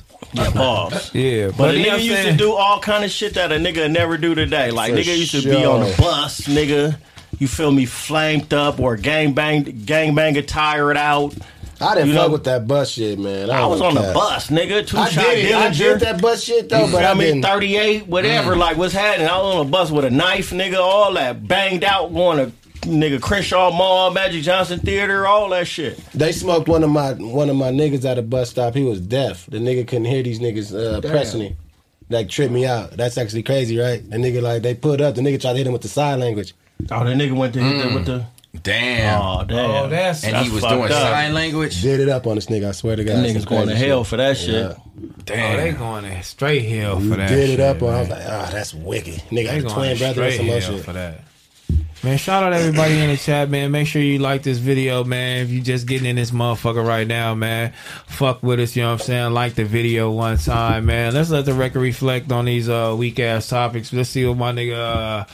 [SPEAKER 3] Yeah, pause.
[SPEAKER 1] Yeah,
[SPEAKER 3] But, a nigga used to do all kind of shit that a nigga would never do today. Like
[SPEAKER 1] For
[SPEAKER 3] nigga used to be on the
[SPEAKER 1] sure.
[SPEAKER 3] bus, nigga. You feel me? Flamed up or gang bang gang banger tired out.
[SPEAKER 2] I didn't
[SPEAKER 3] You
[SPEAKER 2] fuck
[SPEAKER 3] know-
[SPEAKER 2] with that bus shit, man.
[SPEAKER 3] I was on the bus, nigga. Two
[SPEAKER 2] Oh, I
[SPEAKER 3] shot
[SPEAKER 2] did it. I did
[SPEAKER 3] Dillinger.
[SPEAKER 2] that bus shit, though,
[SPEAKER 3] You
[SPEAKER 2] but
[SPEAKER 3] feel
[SPEAKER 2] I
[SPEAKER 3] me?
[SPEAKER 2] didn't-
[SPEAKER 3] thirty-eight, whatever.
[SPEAKER 2] Mm.
[SPEAKER 3] Like what's happening? I was on a bus with a knife, nigga. All that banged out, going to nigga Crenshaw Mall, Magic Johnson Theater, all that shit.
[SPEAKER 2] They smoked one of my one of my niggas at a bus stop. He was deaf. The nigga couldn't hear these niggas uh,
[SPEAKER 3] Damn.
[SPEAKER 2] pressing him. Like tripped me out. That's actually crazy, right? The nigga like they pulled up. The nigga tried to hit him with the sign language.
[SPEAKER 3] Oh, the nigga went to hit them with the.
[SPEAKER 4] Mm.
[SPEAKER 10] Damn.
[SPEAKER 3] Oh damn.
[SPEAKER 10] Oh, that's- And he was doing sign
[SPEAKER 2] language. Did it up on this nigga. I swear to God.
[SPEAKER 3] Them
[SPEAKER 2] some
[SPEAKER 3] niggas going to
[SPEAKER 2] crazy
[SPEAKER 3] hell
[SPEAKER 2] shit.
[SPEAKER 3] for that shit.
[SPEAKER 1] Damn. Oh, they going to straight hell for
[SPEAKER 2] You
[SPEAKER 1] that.
[SPEAKER 2] did it
[SPEAKER 1] shit,
[SPEAKER 2] up, or
[SPEAKER 1] man.
[SPEAKER 2] I was like, oh, that's wicked. Nigga,
[SPEAKER 1] They
[SPEAKER 2] had a
[SPEAKER 1] going
[SPEAKER 2] twin brother or
[SPEAKER 1] straight
[SPEAKER 2] some other
[SPEAKER 1] hell
[SPEAKER 2] shit.
[SPEAKER 1] for that. Man, shout out everybody in the chat, man. Make sure you like this video, man. If you just getting in this motherfucker right now, man, fuck with us, you know what I'm saying? Like the video one time, man. Let's let the record reflect on these uh, weak ass topics. Let's see what my nigga uh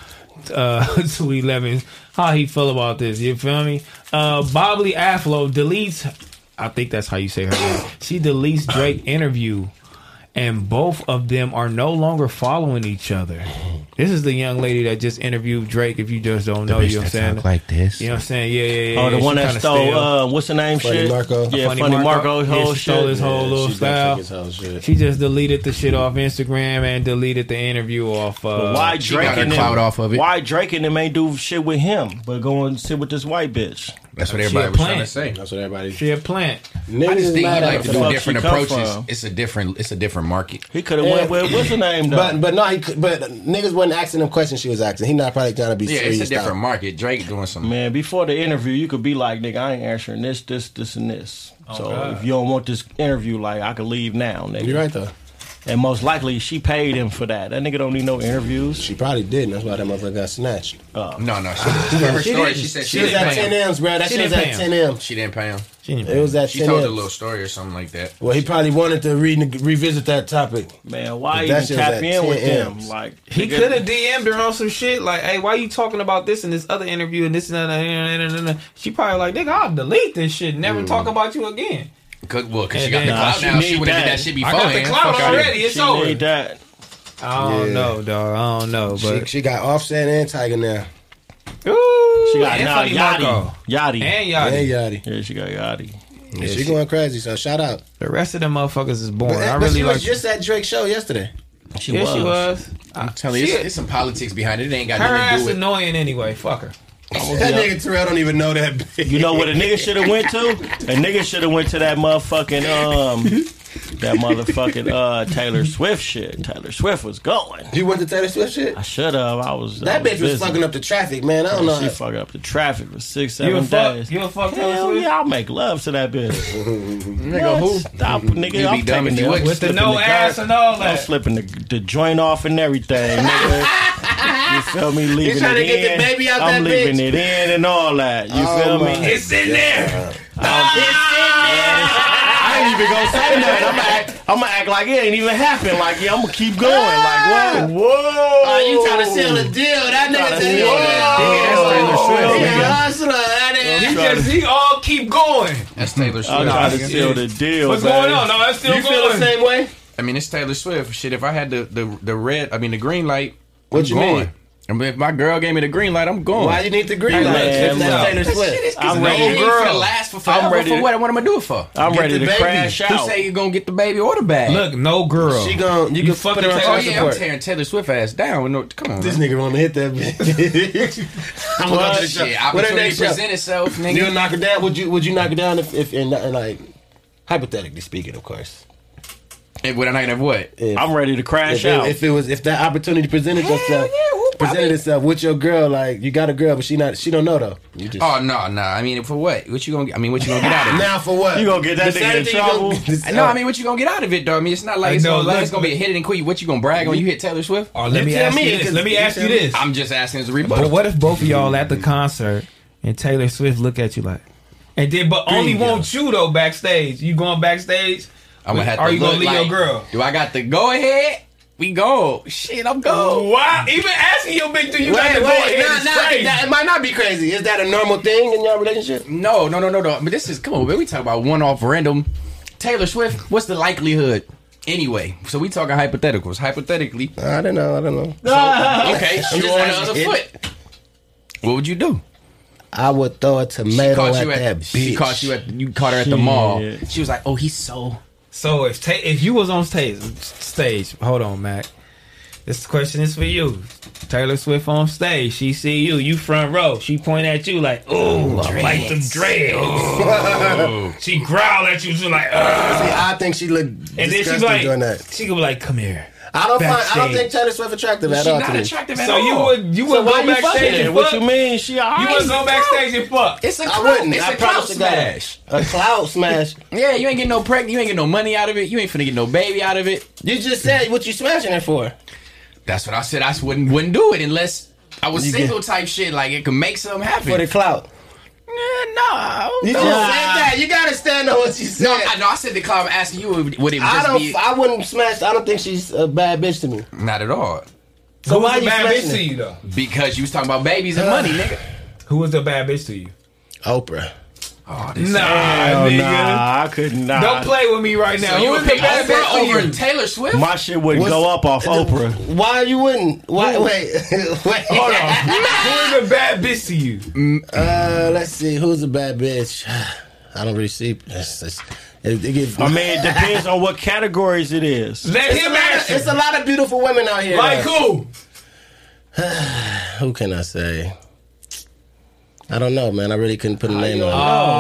[SPEAKER 1] uh Sweet Lemon how he feel about this. You feel me? Uh Bobbly Aflo deletes I think that's how you say her name. She deletes Drake interview and both of them are no longer following each other. This is the young lady that just interviewed Drake. If you just don't know, you know what I'm saying?
[SPEAKER 4] like this.
[SPEAKER 1] You know what I'm saying? Yeah, yeah, yeah.
[SPEAKER 3] Oh, the
[SPEAKER 1] yeah,
[SPEAKER 3] one
[SPEAKER 1] she
[SPEAKER 3] that
[SPEAKER 1] kinda
[SPEAKER 3] stole,
[SPEAKER 1] stale.
[SPEAKER 3] uh, what's the name
[SPEAKER 1] Funny
[SPEAKER 3] shit?
[SPEAKER 1] Marco.
[SPEAKER 3] Yeah, Funny Marco, his
[SPEAKER 1] Yeah,
[SPEAKER 3] whole
[SPEAKER 1] she stole
[SPEAKER 3] shit.
[SPEAKER 1] his whole
[SPEAKER 3] Yeah,
[SPEAKER 1] little
[SPEAKER 3] she
[SPEAKER 1] style.
[SPEAKER 3] definitely took his whole shit.
[SPEAKER 1] She just deleted the shit off Instagram and deleted the interview off. Uh,
[SPEAKER 3] But why Drake and them,
[SPEAKER 1] clout
[SPEAKER 3] Why Drake and them ain't do shit with him, but go and sit with this white bitch.
[SPEAKER 10] That's
[SPEAKER 1] what She everybody a was trying to plant. say.
[SPEAKER 2] That's what everybody.
[SPEAKER 1] She a plant.
[SPEAKER 2] Niggas
[SPEAKER 10] I just think he like to do
[SPEAKER 3] fuck
[SPEAKER 10] different
[SPEAKER 3] she come
[SPEAKER 10] approaches.
[SPEAKER 3] from.
[SPEAKER 10] It's a different. It's a different market.
[SPEAKER 3] He could have went with what's her name though.
[SPEAKER 2] But but no, he could, but niggas wasn't asking him questions. She was asking. He not probably trying to be.
[SPEAKER 10] Yeah,
[SPEAKER 2] serious
[SPEAKER 10] it's a different
[SPEAKER 2] though.
[SPEAKER 10] market. Drake doing some.
[SPEAKER 3] Man, before the interview, you could be like, "Nigga, I ain't answering this, this, this, and this." so
[SPEAKER 1] Oh,
[SPEAKER 10] God.
[SPEAKER 3] if you don't want this interview, like, I could leave now, nigga.
[SPEAKER 2] You're right though.
[SPEAKER 3] And most likely she paid him for that. That nigga don't need no interviews. She
[SPEAKER 2] probably didn't. That's why that motherfucker got snatched.
[SPEAKER 4] no, no.
[SPEAKER 2] She
[SPEAKER 4] Her story,
[SPEAKER 2] didn't.
[SPEAKER 4] she said
[SPEAKER 2] She was
[SPEAKER 4] didn't
[SPEAKER 2] at
[SPEAKER 4] pay him.
[SPEAKER 2] 10 M's, bro. That
[SPEAKER 4] She
[SPEAKER 2] shit was
[SPEAKER 4] didn't
[SPEAKER 2] at
[SPEAKER 4] pay him.
[SPEAKER 2] 10 M's.
[SPEAKER 4] She didn't pay him.
[SPEAKER 2] She didn't pay It was him. at
[SPEAKER 4] She
[SPEAKER 2] 10
[SPEAKER 4] told a
[SPEAKER 2] M's.
[SPEAKER 4] little story or something like that.
[SPEAKER 2] Well, he probably wanted to re- revisit that topic.
[SPEAKER 3] Man,
[SPEAKER 1] why even tap in with them?
[SPEAKER 3] Like
[SPEAKER 1] He could have DM'd her on some shit like, "Hey, why you talking about this in this other interview and this and that?" And, that, and, that?" she probably like, "Nigga, I'll delete this shit. and Never
[SPEAKER 4] Mm.
[SPEAKER 1] talk about you again."
[SPEAKER 4] Cause, well, cause
[SPEAKER 1] And
[SPEAKER 4] she got
[SPEAKER 1] then-
[SPEAKER 4] the
[SPEAKER 1] Nah,
[SPEAKER 4] clout
[SPEAKER 1] she
[SPEAKER 4] now. She
[SPEAKER 1] need
[SPEAKER 4] would have did
[SPEAKER 1] that.
[SPEAKER 4] that shit
[SPEAKER 1] I
[SPEAKER 4] before.
[SPEAKER 1] got the clout already. It's over.
[SPEAKER 2] need
[SPEAKER 3] that.
[SPEAKER 1] I don't
[SPEAKER 2] Yeah.
[SPEAKER 1] know, dog. I don't know,
[SPEAKER 2] She,
[SPEAKER 1] but
[SPEAKER 2] she got offset and Tiger now.
[SPEAKER 1] Ooh,
[SPEAKER 2] she got
[SPEAKER 1] Anthony
[SPEAKER 2] Yachty.
[SPEAKER 1] Marco.
[SPEAKER 3] Yachty.
[SPEAKER 1] And Yachty.
[SPEAKER 2] And Yachty.
[SPEAKER 3] Yeah, she got Yachty.
[SPEAKER 2] Yeah, she, going crazy. So shout out.
[SPEAKER 1] The rest of them motherfuckers is boring.
[SPEAKER 2] But,
[SPEAKER 1] I
[SPEAKER 2] but
[SPEAKER 1] really
[SPEAKER 2] she
[SPEAKER 1] like.
[SPEAKER 2] was just at Drake's show yesterday.
[SPEAKER 1] She Yeah, she was.
[SPEAKER 4] I'm telling you,
[SPEAKER 1] she-
[SPEAKER 4] it's, it's some politics behind it. It ain't got
[SPEAKER 1] her
[SPEAKER 4] nothing to do
[SPEAKER 1] ass
[SPEAKER 4] with
[SPEAKER 1] annoying anyway. Fuck her.
[SPEAKER 2] That nigga Terrell don't even know that. Bitch.
[SPEAKER 3] You know what a nigga should have went to? A nigga should have went to that motherfucking um that motherfucking uh Taylor Swift shit. Taylor Swift was going.
[SPEAKER 2] You went to Taylor Swift shit?
[SPEAKER 3] I should have. I was
[SPEAKER 2] That bitch was fucking up the traffic, man. I don't know.
[SPEAKER 3] She
[SPEAKER 2] how-
[SPEAKER 3] fucked up the traffic for six,
[SPEAKER 2] You
[SPEAKER 3] seven
[SPEAKER 2] a fuck-
[SPEAKER 3] days.
[SPEAKER 1] You a fuck
[SPEAKER 3] Hell
[SPEAKER 1] Swift?
[SPEAKER 3] yeah, I'll make love to that bitch.
[SPEAKER 1] Nigga, who?
[SPEAKER 3] Stop, nigga.
[SPEAKER 1] You be
[SPEAKER 3] I'm
[SPEAKER 1] dumb
[SPEAKER 3] taking
[SPEAKER 1] if you
[SPEAKER 3] the-
[SPEAKER 1] wouldn't. With the
[SPEAKER 3] slipping
[SPEAKER 1] no ass
[SPEAKER 3] guard-
[SPEAKER 1] and all
[SPEAKER 3] I'm
[SPEAKER 1] that.
[SPEAKER 3] slipping the, the joint off and everything, nigga. you feel me? Leaving
[SPEAKER 2] trying
[SPEAKER 3] it
[SPEAKER 2] to get the
[SPEAKER 3] in.
[SPEAKER 2] baby out
[SPEAKER 3] I'm
[SPEAKER 2] that
[SPEAKER 3] leaving
[SPEAKER 2] bitch?
[SPEAKER 3] it in and all that. You
[SPEAKER 2] Oh
[SPEAKER 3] feel
[SPEAKER 2] my
[SPEAKER 3] me?
[SPEAKER 2] It's
[SPEAKER 1] in there.
[SPEAKER 3] I ain't even gonna say nothing. I'm gonna act, I'm gonna act like it ain't even happened. Like yeah, I'm gonna keep going. Like what? Whoa!
[SPEAKER 6] Oh, you trying to seal the deal? That
[SPEAKER 3] Trying to
[SPEAKER 6] nigga said,
[SPEAKER 3] seal that deal.
[SPEAKER 6] "Yeah,
[SPEAKER 3] That's Taylor Swift, nigga.
[SPEAKER 6] Yeah,
[SPEAKER 2] uh,
[SPEAKER 6] hustler. That
[SPEAKER 1] He
[SPEAKER 6] is."
[SPEAKER 1] just he all keep going.
[SPEAKER 4] That's Taylor Swift.
[SPEAKER 3] I'm trying to seal the deal.
[SPEAKER 4] What's going
[SPEAKER 3] baby.
[SPEAKER 4] on? No,
[SPEAKER 1] that's
[SPEAKER 4] still
[SPEAKER 3] You
[SPEAKER 4] going.
[SPEAKER 2] way?
[SPEAKER 4] I mean, it's Taylor Swift. Shit, if I had the the, the red, I mean the green light,
[SPEAKER 2] What
[SPEAKER 4] I'm
[SPEAKER 2] you
[SPEAKER 4] going.
[SPEAKER 2] mean?
[SPEAKER 4] I mean, if my girl gave me the green light, I'm going.
[SPEAKER 2] Why you need the green light? If that's Taylor Swift.
[SPEAKER 4] I'm ready. Girl. For the last for forever.
[SPEAKER 3] I'm ready
[SPEAKER 4] for
[SPEAKER 3] to-
[SPEAKER 4] what? What am I doing for?
[SPEAKER 3] I'm
[SPEAKER 4] Get
[SPEAKER 3] ready
[SPEAKER 4] the
[SPEAKER 3] to
[SPEAKER 4] baby.
[SPEAKER 3] crash out.
[SPEAKER 4] Who say you gonna get the baby or the bag?
[SPEAKER 1] Look, no girl.
[SPEAKER 2] She gon' you,
[SPEAKER 4] You
[SPEAKER 2] can put
[SPEAKER 4] fucking
[SPEAKER 2] her on
[SPEAKER 4] Taylor-
[SPEAKER 2] child
[SPEAKER 4] oh, yeah, I'm
[SPEAKER 2] support.
[SPEAKER 4] tearing Taylor Swift ass down. No, come on.
[SPEAKER 2] This nigga wanna hit that bitch. I'm gonna go to the
[SPEAKER 4] Well,
[SPEAKER 2] show.
[SPEAKER 4] shit,
[SPEAKER 2] Oh, What that
[SPEAKER 4] opportunity
[SPEAKER 2] next show?
[SPEAKER 4] present itself, nigga.
[SPEAKER 2] You'll knock her down. Would you would you knock her down if, if and, and like hypothetically speaking, of course.
[SPEAKER 4] And would I knock her what?
[SPEAKER 3] I'm ready to crash
[SPEAKER 2] if it,
[SPEAKER 3] out.
[SPEAKER 2] If it was if that opportunity presented itself presented itself with your girl, like you got a girl, but she not she don't know though. You just
[SPEAKER 4] Oh no, no. I mean, for what? What you gonna? Get? I mean, what you gonna get out of it?
[SPEAKER 2] Now for what? You gonna get that The nigga same in thing you trouble? gonna- this-
[SPEAKER 4] no, I mean, what you gonna get out of it, though? I mean, it's not like
[SPEAKER 2] Hey,
[SPEAKER 4] it's,
[SPEAKER 2] no,
[SPEAKER 4] gonna, like,
[SPEAKER 2] look-
[SPEAKER 4] it's gonna be a hit it and quit. What you gonna brag on? You hit Taylor Swift?
[SPEAKER 1] Oh, let You me tell ask me, you this. 'cause Let me you ask tell you me. this.
[SPEAKER 4] I'm just asking as a rebuttal.
[SPEAKER 1] But what if both of y'all at the concert and Taylor Swift look at you like, and then but only want you though backstage. You going backstage?
[SPEAKER 4] I'm gonna have to
[SPEAKER 1] Are you gonna
[SPEAKER 4] look
[SPEAKER 1] leave
[SPEAKER 4] like-
[SPEAKER 1] your girl?
[SPEAKER 4] Do I got the go ahead? We go. Shit, I'm go.
[SPEAKER 1] Why? Even asking your bitch, do you
[SPEAKER 2] wait,
[SPEAKER 1] got to go
[SPEAKER 2] wait,
[SPEAKER 1] ahead?
[SPEAKER 2] nah,
[SPEAKER 1] is
[SPEAKER 2] nah,
[SPEAKER 1] crazy.
[SPEAKER 2] that- it might not be crazy. Is that a normal thing in your relationship?
[SPEAKER 4] No, no, no, no, no. But this is come on, man. We talk about one off random. Taylor Swift. What's the likelihood? Anyway, so we talking hypotheticals. Hypothetically,
[SPEAKER 2] I don't know. I don't know.
[SPEAKER 4] So, okay,
[SPEAKER 2] I'm
[SPEAKER 4] you
[SPEAKER 2] just
[SPEAKER 4] on the
[SPEAKER 2] asking.
[SPEAKER 4] other foot. What would you do?
[SPEAKER 2] I would throw a
[SPEAKER 4] She
[SPEAKER 2] tomato
[SPEAKER 4] caught
[SPEAKER 2] at,
[SPEAKER 4] you at,
[SPEAKER 2] that bitch.
[SPEAKER 4] she caught you at you caught her at the mall. She was like, "Oh, he's so."
[SPEAKER 1] So if ta- if you was on stage, stage, hold on, Mac. This question is for you. Taylor Swift on stage, she see you, you front row. She point at you like, "Ooh, I like them dreads."
[SPEAKER 2] Ooh.
[SPEAKER 1] she growl at you, she like,
[SPEAKER 2] See,
[SPEAKER 1] Ugh.
[SPEAKER 2] I think she looked and
[SPEAKER 1] and then
[SPEAKER 2] disgusting
[SPEAKER 1] she like,
[SPEAKER 2] doing that.
[SPEAKER 1] she could be like, "Come here."
[SPEAKER 2] I don't find, I don't
[SPEAKER 1] Backstage.
[SPEAKER 2] think Taylor Swift attractive at
[SPEAKER 1] She
[SPEAKER 2] all.
[SPEAKER 1] not
[SPEAKER 2] to me.
[SPEAKER 1] attractive at So you all. would- you would go
[SPEAKER 2] you
[SPEAKER 1] backstage
[SPEAKER 2] fucking?
[SPEAKER 1] and What fuck? you
[SPEAKER 3] mean? She all
[SPEAKER 1] You wouldn't go backstage and fuck.
[SPEAKER 4] It's a
[SPEAKER 2] I
[SPEAKER 4] clout.
[SPEAKER 2] wouldn't.
[SPEAKER 4] It's
[SPEAKER 2] I
[SPEAKER 4] a
[SPEAKER 2] promise
[SPEAKER 4] clout
[SPEAKER 2] to God.
[SPEAKER 4] smash.
[SPEAKER 2] A clout smash.
[SPEAKER 4] Yeah, you ain't getting no pregnant. You ain't getting no money out of it. You ain't finna get no baby out of it.
[SPEAKER 2] You just said what you smashing it for.
[SPEAKER 4] That's what I said. I s- wouldn't wouldn't do it unless I was
[SPEAKER 2] You get-
[SPEAKER 4] single type shit. Like it could make something happen
[SPEAKER 2] For the clout.
[SPEAKER 4] Nah,
[SPEAKER 2] You just said that. You gotta stand on what you said.
[SPEAKER 4] No, I, no, I said the clout. I'm asking you, would, would it just
[SPEAKER 2] I don't.
[SPEAKER 4] be
[SPEAKER 2] I wouldn't smash. I don't think she's a bad bitch to me.
[SPEAKER 4] not at all?
[SPEAKER 2] So why
[SPEAKER 1] Who's the
[SPEAKER 2] you
[SPEAKER 1] bad bitch
[SPEAKER 2] smashing
[SPEAKER 1] to
[SPEAKER 2] it?
[SPEAKER 1] you though?
[SPEAKER 4] Because you was talking about babies and money, nigga.
[SPEAKER 1] Who was the bad bitch to you?
[SPEAKER 2] Oprah.
[SPEAKER 4] Oh,
[SPEAKER 1] this Nah,
[SPEAKER 3] Hell
[SPEAKER 1] nigga.
[SPEAKER 3] nah, I could not.
[SPEAKER 1] Don't play with me right now.
[SPEAKER 4] So you
[SPEAKER 1] Who
[SPEAKER 4] would
[SPEAKER 1] was the
[SPEAKER 4] pick
[SPEAKER 1] bad bitch
[SPEAKER 4] Oprah
[SPEAKER 1] to you?
[SPEAKER 4] over Taylor Swift?
[SPEAKER 3] My shit wouldn't
[SPEAKER 2] What's-
[SPEAKER 3] go up off Oprah.
[SPEAKER 2] Why you wouldn't? Why?
[SPEAKER 4] Who-
[SPEAKER 2] Wait, wait.
[SPEAKER 1] Hold on. Who is a bad bitch to you?
[SPEAKER 2] Uh, let's see. Who's a bad bitch? I don't really see. It's, it's, it, it gets,
[SPEAKER 3] I mean, it depends on what categories it is.
[SPEAKER 1] Let
[SPEAKER 2] it's, a
[SPEAKER 1] him
[SPEAKER 2] lot
[SPEAKER 1] ask
[SPEAKER 2] of,
[SPEAKER 1] you.
[SPEAKER 2] it's a lot of beautiful women out here.
[SPEAKER 1] Like who?
[SPEAKER 2] Who can I say? I don't know, man. I really couldn't put a name on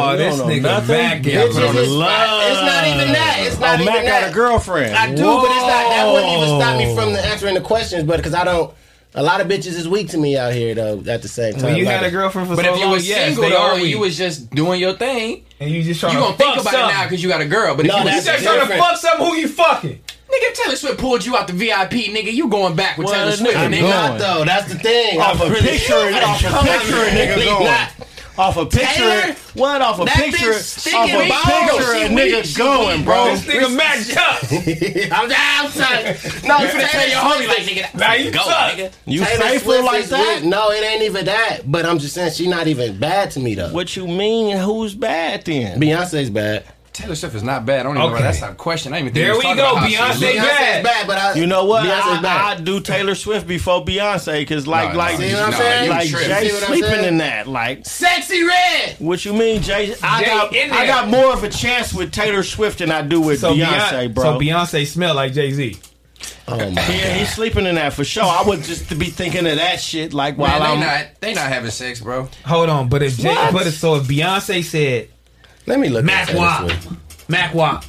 [SPEAKER 1] Oh,
[SPEAKER 2] it.
[SPEAKER 1] this nigga Mac
[SPEAKER 2] Bitches
[SPEAKER 1] got
[SPEAKER 2] is-
[SPEAKER 1] put on
[SPEAKER 2] it's
[SPEAKER 1] love.
[SPEAKER 2] not even that. It's not
[SPEAKER 3] oh,
[SPEAKER 2] even
[SPEAKER 3] Mac
[SPEAKER 2] that.
[SPEAKER 3] got a girlfriend.
[SPEAKER 2] I do, but it's not. That wouldn't even stop me from the answering the questions, but because I don't. A lot of bitches is weak to me out here, though. At the same time,
[SPEAKER 1] When you
[SPEAKER 2] Like,
[SPEAKER 1] had a girlfriend for
[SPEAKER 4] But
[SPEAKER 1] so
[SPEAKER 4] if you
[SPEAKER 1] long,
[SPEAKER 4] was
[SPEAKER 1] yes,
[SPEAKER 4] single
[SPEAKER 1] they
[SPEAKER 4] though,
[SPEAKER 1] are
[SPEAKER 4] and
[SPEAKER 1] weak.
[SPEAKER 4] you was just doing your thing,
[SPEAKER 1] and you just
[SPEAKER 4] you
[SPEAKER 1] trying
[SPEAKER 4] gonna
[SPEAKER 1] to fuck
[SPEAKER 4] think about it now
[SPEAKER 1] something.
[SPEAKER 4] because you got a girl. But
[SPEAKER 2] No,
[SPEAKER 4] if you
[SPEAKER 1] You
[SPEAKER 4] was
[SPEAKER 2] that's
[SPEAKER 1] just trying to
[SPEAKER 2] different.
[SPEAKER 1] fuck something. Who you fucking?
[SPEAKER 4] Nigga, if Taylor Swift pulled you out the VIP, nigga, you going back with
[SPEAKER 6] Well,
[SPEAKER 4] Taylor Swift,
[SPEAKER 6] I'm
[SPEAKER 4] nigga.
[SPEAKER 6] not, though. That's the thing. Off
[SPEAKER 3] a picture, off a picture, nigga going. Off a
[SPEAKER 6] Taylor?
[SPEAKER 3] picture, what? Off a
[SPEAKER 6] That
[SPEAKER 3] picture,
[SPEAKER 6] bitch
[SPEAKER 3] off a
[SPEAKER 6] stinking
[SPEAKER 3] picture,
[SPEAKER 6] balls. She
[SPEAKER 3] a
[SPEAKER 6] weak,
[SPEAKER 3] nigga
[SPEAKER 6] she
[SPEAKER 3] going,
[SPEAKER 6] weak,
[SPEAKER 3] bro.
[SPEAKER 6] bro. This nigga matched up.
[SPEAKER 3] I'm
[SPEAKER 6] I'm sorry.
[SPEAKER 2] No,
[SPEAKER 6] No,
[SPEAKER 2] you
[SPEAKER 6] you
[SPEAKER 2] finna
[SPEAKER 6] tell your homie like nigga.
[SPEAKER 2] Nah, you
[SPEAKER 6] go,
[SPEAKER 2] suck.
[SPEAKER 6] nigga.
[SPEAKER 3] You
[SPEAKER 2] Taylor
[SPEAKER 3] faithful
[SPEAKER 2] Swift
[SPEAKER 3] like
[SPEAKER 2] is
[SPEAKER 3] that?
[SPEAKER 2] weak. No, it ain't even that. But I'm just saying she's not even bad to me though.
[SPEAKER 3] What you mean? Who's bad then?
[SPEAKER 2] Beyonce's bad.
[SPEAKER 4] Taylor Swift is not bad. I don't even know.
[SPEAKER 3] Okay.
[SPEAKER 4] That's not a question. I didn't even think
[SPEAKER 3] There
[SPEAKER 4] we was
[SPEAKER 3] we
[SPEAKER 4] talking
[SPEAKER 3] go,
[SPEAKER 4] about how she
[SPEAKER 3] Beyonce
[SPEAKER 4] looked.
[SPEAKER 3] bad. Beyonce's
[SPEAKER 2] bad, but I,
[SPEAKER 3] You know what?
[SPEAKER 2] Beyonce's
[SPEAKER 3] I,
[SPEAKER 2] bad.
[SPEAKER 3] I do Taylor Swift before Beyonce because, like,
[SPEAKER 2] Nah,
[SPEAKER 3] like,
[SPEAKER 2] nah, See what I'm
[SPEAKER 3] like,
[SPEAKER 2] saying?
[SPEAKER 3] like
[SPEAKER 2] You tripping.
[SPEAKER 3] Jay
[SPEAKER 2] See what I'm
[SPEAKER 3] sleeping
[SPEAKER 2] saying?
[SPEAKER 3] in that. Like,
[SPEAKER 2] Sexy red.
[SPEAKER 3] what you mean, Jay? I
[SPEAKER 2] Jay
[SPEAKER 3] got,
[SPEAKER 2] in
[SPEAKER 3] I
[SPEAKER 2] there.
[SPEAKER 3] got more of a chance with Taylor Swift than I do with Beyonce,
[SPEAKER 1] Beyonce-
[SPEAKER 3] bro.
[SPEAKER 1] So Beyonce smell like Jay Z.
[SPEAKER 2] Oh my
[SPEAKER 3] yeah, he's sleeping in that for sure. I would just to be thinking of that shit like while
[SPEAKER 4] Man, they
[SPEAKER 3] I'm
[SPEAKER 4] not they not having sex, bro.
[SPEAKER 1] Hold on, but if Jay,
[SPEAKER 4] What?
[SPEAKER 1] but if, so if Beyonce said,
[SPEAKER 2] "Let me look
[SPEAKER 1] Mac
[SPEAKER 2] at Taylor
[SPEAKER 1] Wop,
[SPEAKER 2] Swift.
[SPEAKER 1] Mac Wop,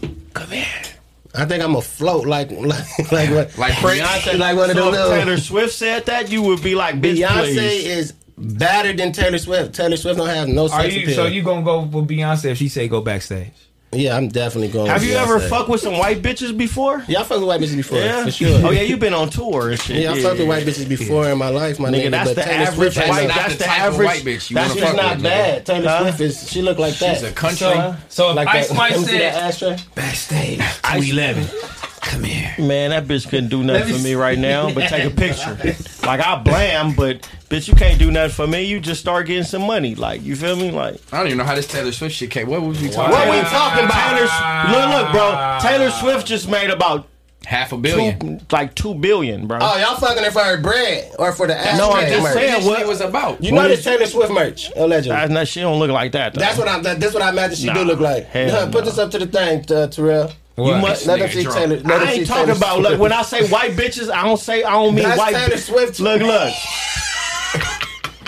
[SPEAKER 2] I think I'm a float like like like what
[SPEAKER 3] like Beyonce.
[SPEAKER 2] like one of
[SPEAKER 3] so
[SPEAKER 2] them
[SPEAKER 3] if
[SPEAKER 2] little
[SPEAKER 3] Taylor Swift said that, you would be like, bitch,
[SPEAKER 2] Beyonce
[SPEAKER 3] please.
[SPEAKER 2] is better than Taylor Swift. Taylor Swift don't have no
[SPEAKER 1] are
[SPEAKER 2] sex
[SPEAKER 1] you
[SPEAKER 2] appeal.
[SPEAKER 1] so you gonna go with Beyonce if she say go backstage?
[SPEAKER 2] yeah, I'm definitely going.
[SPEAKER 3] Have
[SPEAKER 2] with
[SPEAKER 3] you ever
[SPEAKER 2] Beyonce.
[SPEAKER 3] fucked with some white bitches before?
[SPEAKER 2] Yeah, I fucked with white bitches before.
[SPEAKER 3] Yeah,
[SPEAKER 2] for sure.
[SPEAKER 3] Oh yeah, you've been on tour and shit.
[SPEAKER 2] Yeah, I fucked with white bitches before in my life, my
[SPEAKER 3] Nigga,
[SPEAKER 2] nigga.
[SPEAKER 3] that's
[SPEAKER 2] but
[SPEAKER 3] the
[SPEAKER 2] Taylor
[SPEAKER 3] average
[SPEAKER 2] Swift has
[SPEAKER 3] white-
[SPEAKER 2] no-
[SPEAKER 3] that's the average- that's
[SPEAKER 2] She's
[SPEAKER 3] just
[SPEAKER 2] not
[SPEAKER 3] not
[SPEAKER 2] bad. Taylor
[SPEAKER 3] Huh?
[SPEAKER 2] Swift is. She look like that.
[SPEAKER 3] She's a country.
[SPEAKER 1] So if Ice
[SPEAKER 2] that-
[SPEAKER 1] Spice
[SPEAKER 2] let me see
[SPEAKER 1] said-
[SPEAKER 2] that ashtray.
[SPEAKER 1] Backstage, two eleven. Come here.
[SPEAKER 3] Man, that bitch couldn't do nothing
[SPEAKER 1] Let me
[SPEAKER 3] for me
[SPEAKER 1] see.
[SPEAKER 3] right now, but take a picture. like I blam, but bitch, you can't do nothing for me. You just start getting some money. Like you feel me? Like
[SPEAKER 4] I don't even know how this Taylor Swift shit came. What was we talking
[SPEAKER 3] what
[SPEAKER 4] about?
[SPEAKER 3] we talking about? Taylor, S- look, look, bro. Taylor Swift just made about
[SPEAKER 4] half a
[SPEAKER 3] billion, like two billion, bro.
[SPEAKER 2] Oh, y'all fucking her for her bread or for the ashtray?
[SPEAKER 3] No, I'm just
[SPEAKER 2] merch.
[SPEAKER 3] saying what
[SPEAKER 4] was about.
[SPEAKER 2] You know this Taylor Swift merch, allegedly.
[SPEAKER 3] That's not, she don't look like that. Though.
[SPEAKER 2] That's what I. That, that's what I imagine she do
[SPEAKER 3] Nah,
[SPEAKER 2] look like.
[SPEAKER 3] hell
[SPEAKER 2] Huh, Put this up to the thing, uh, Terrell.
[SPEAKER 3] You must
[SPEAKER 2] let us see Taylor. Let
[SPEAKER 3] I
[SPEAKER 2] us see
[SPEAKER 3] ain't talking
[SPEAKER 2] Taylor
[SPEAKER 3] about.
[SPEAKER 2] Swift.
[SPEAKER 3] Look, when I say white bitches, I don't say I don't mean
[SPEAKER 2] That's
[SPEAKER 3] white.
[SPEAKER 2] Taylor
[SPEAKER 3] bitch-
[SPEAKER 2] Swift.
[SPEAKER 3] Look, look.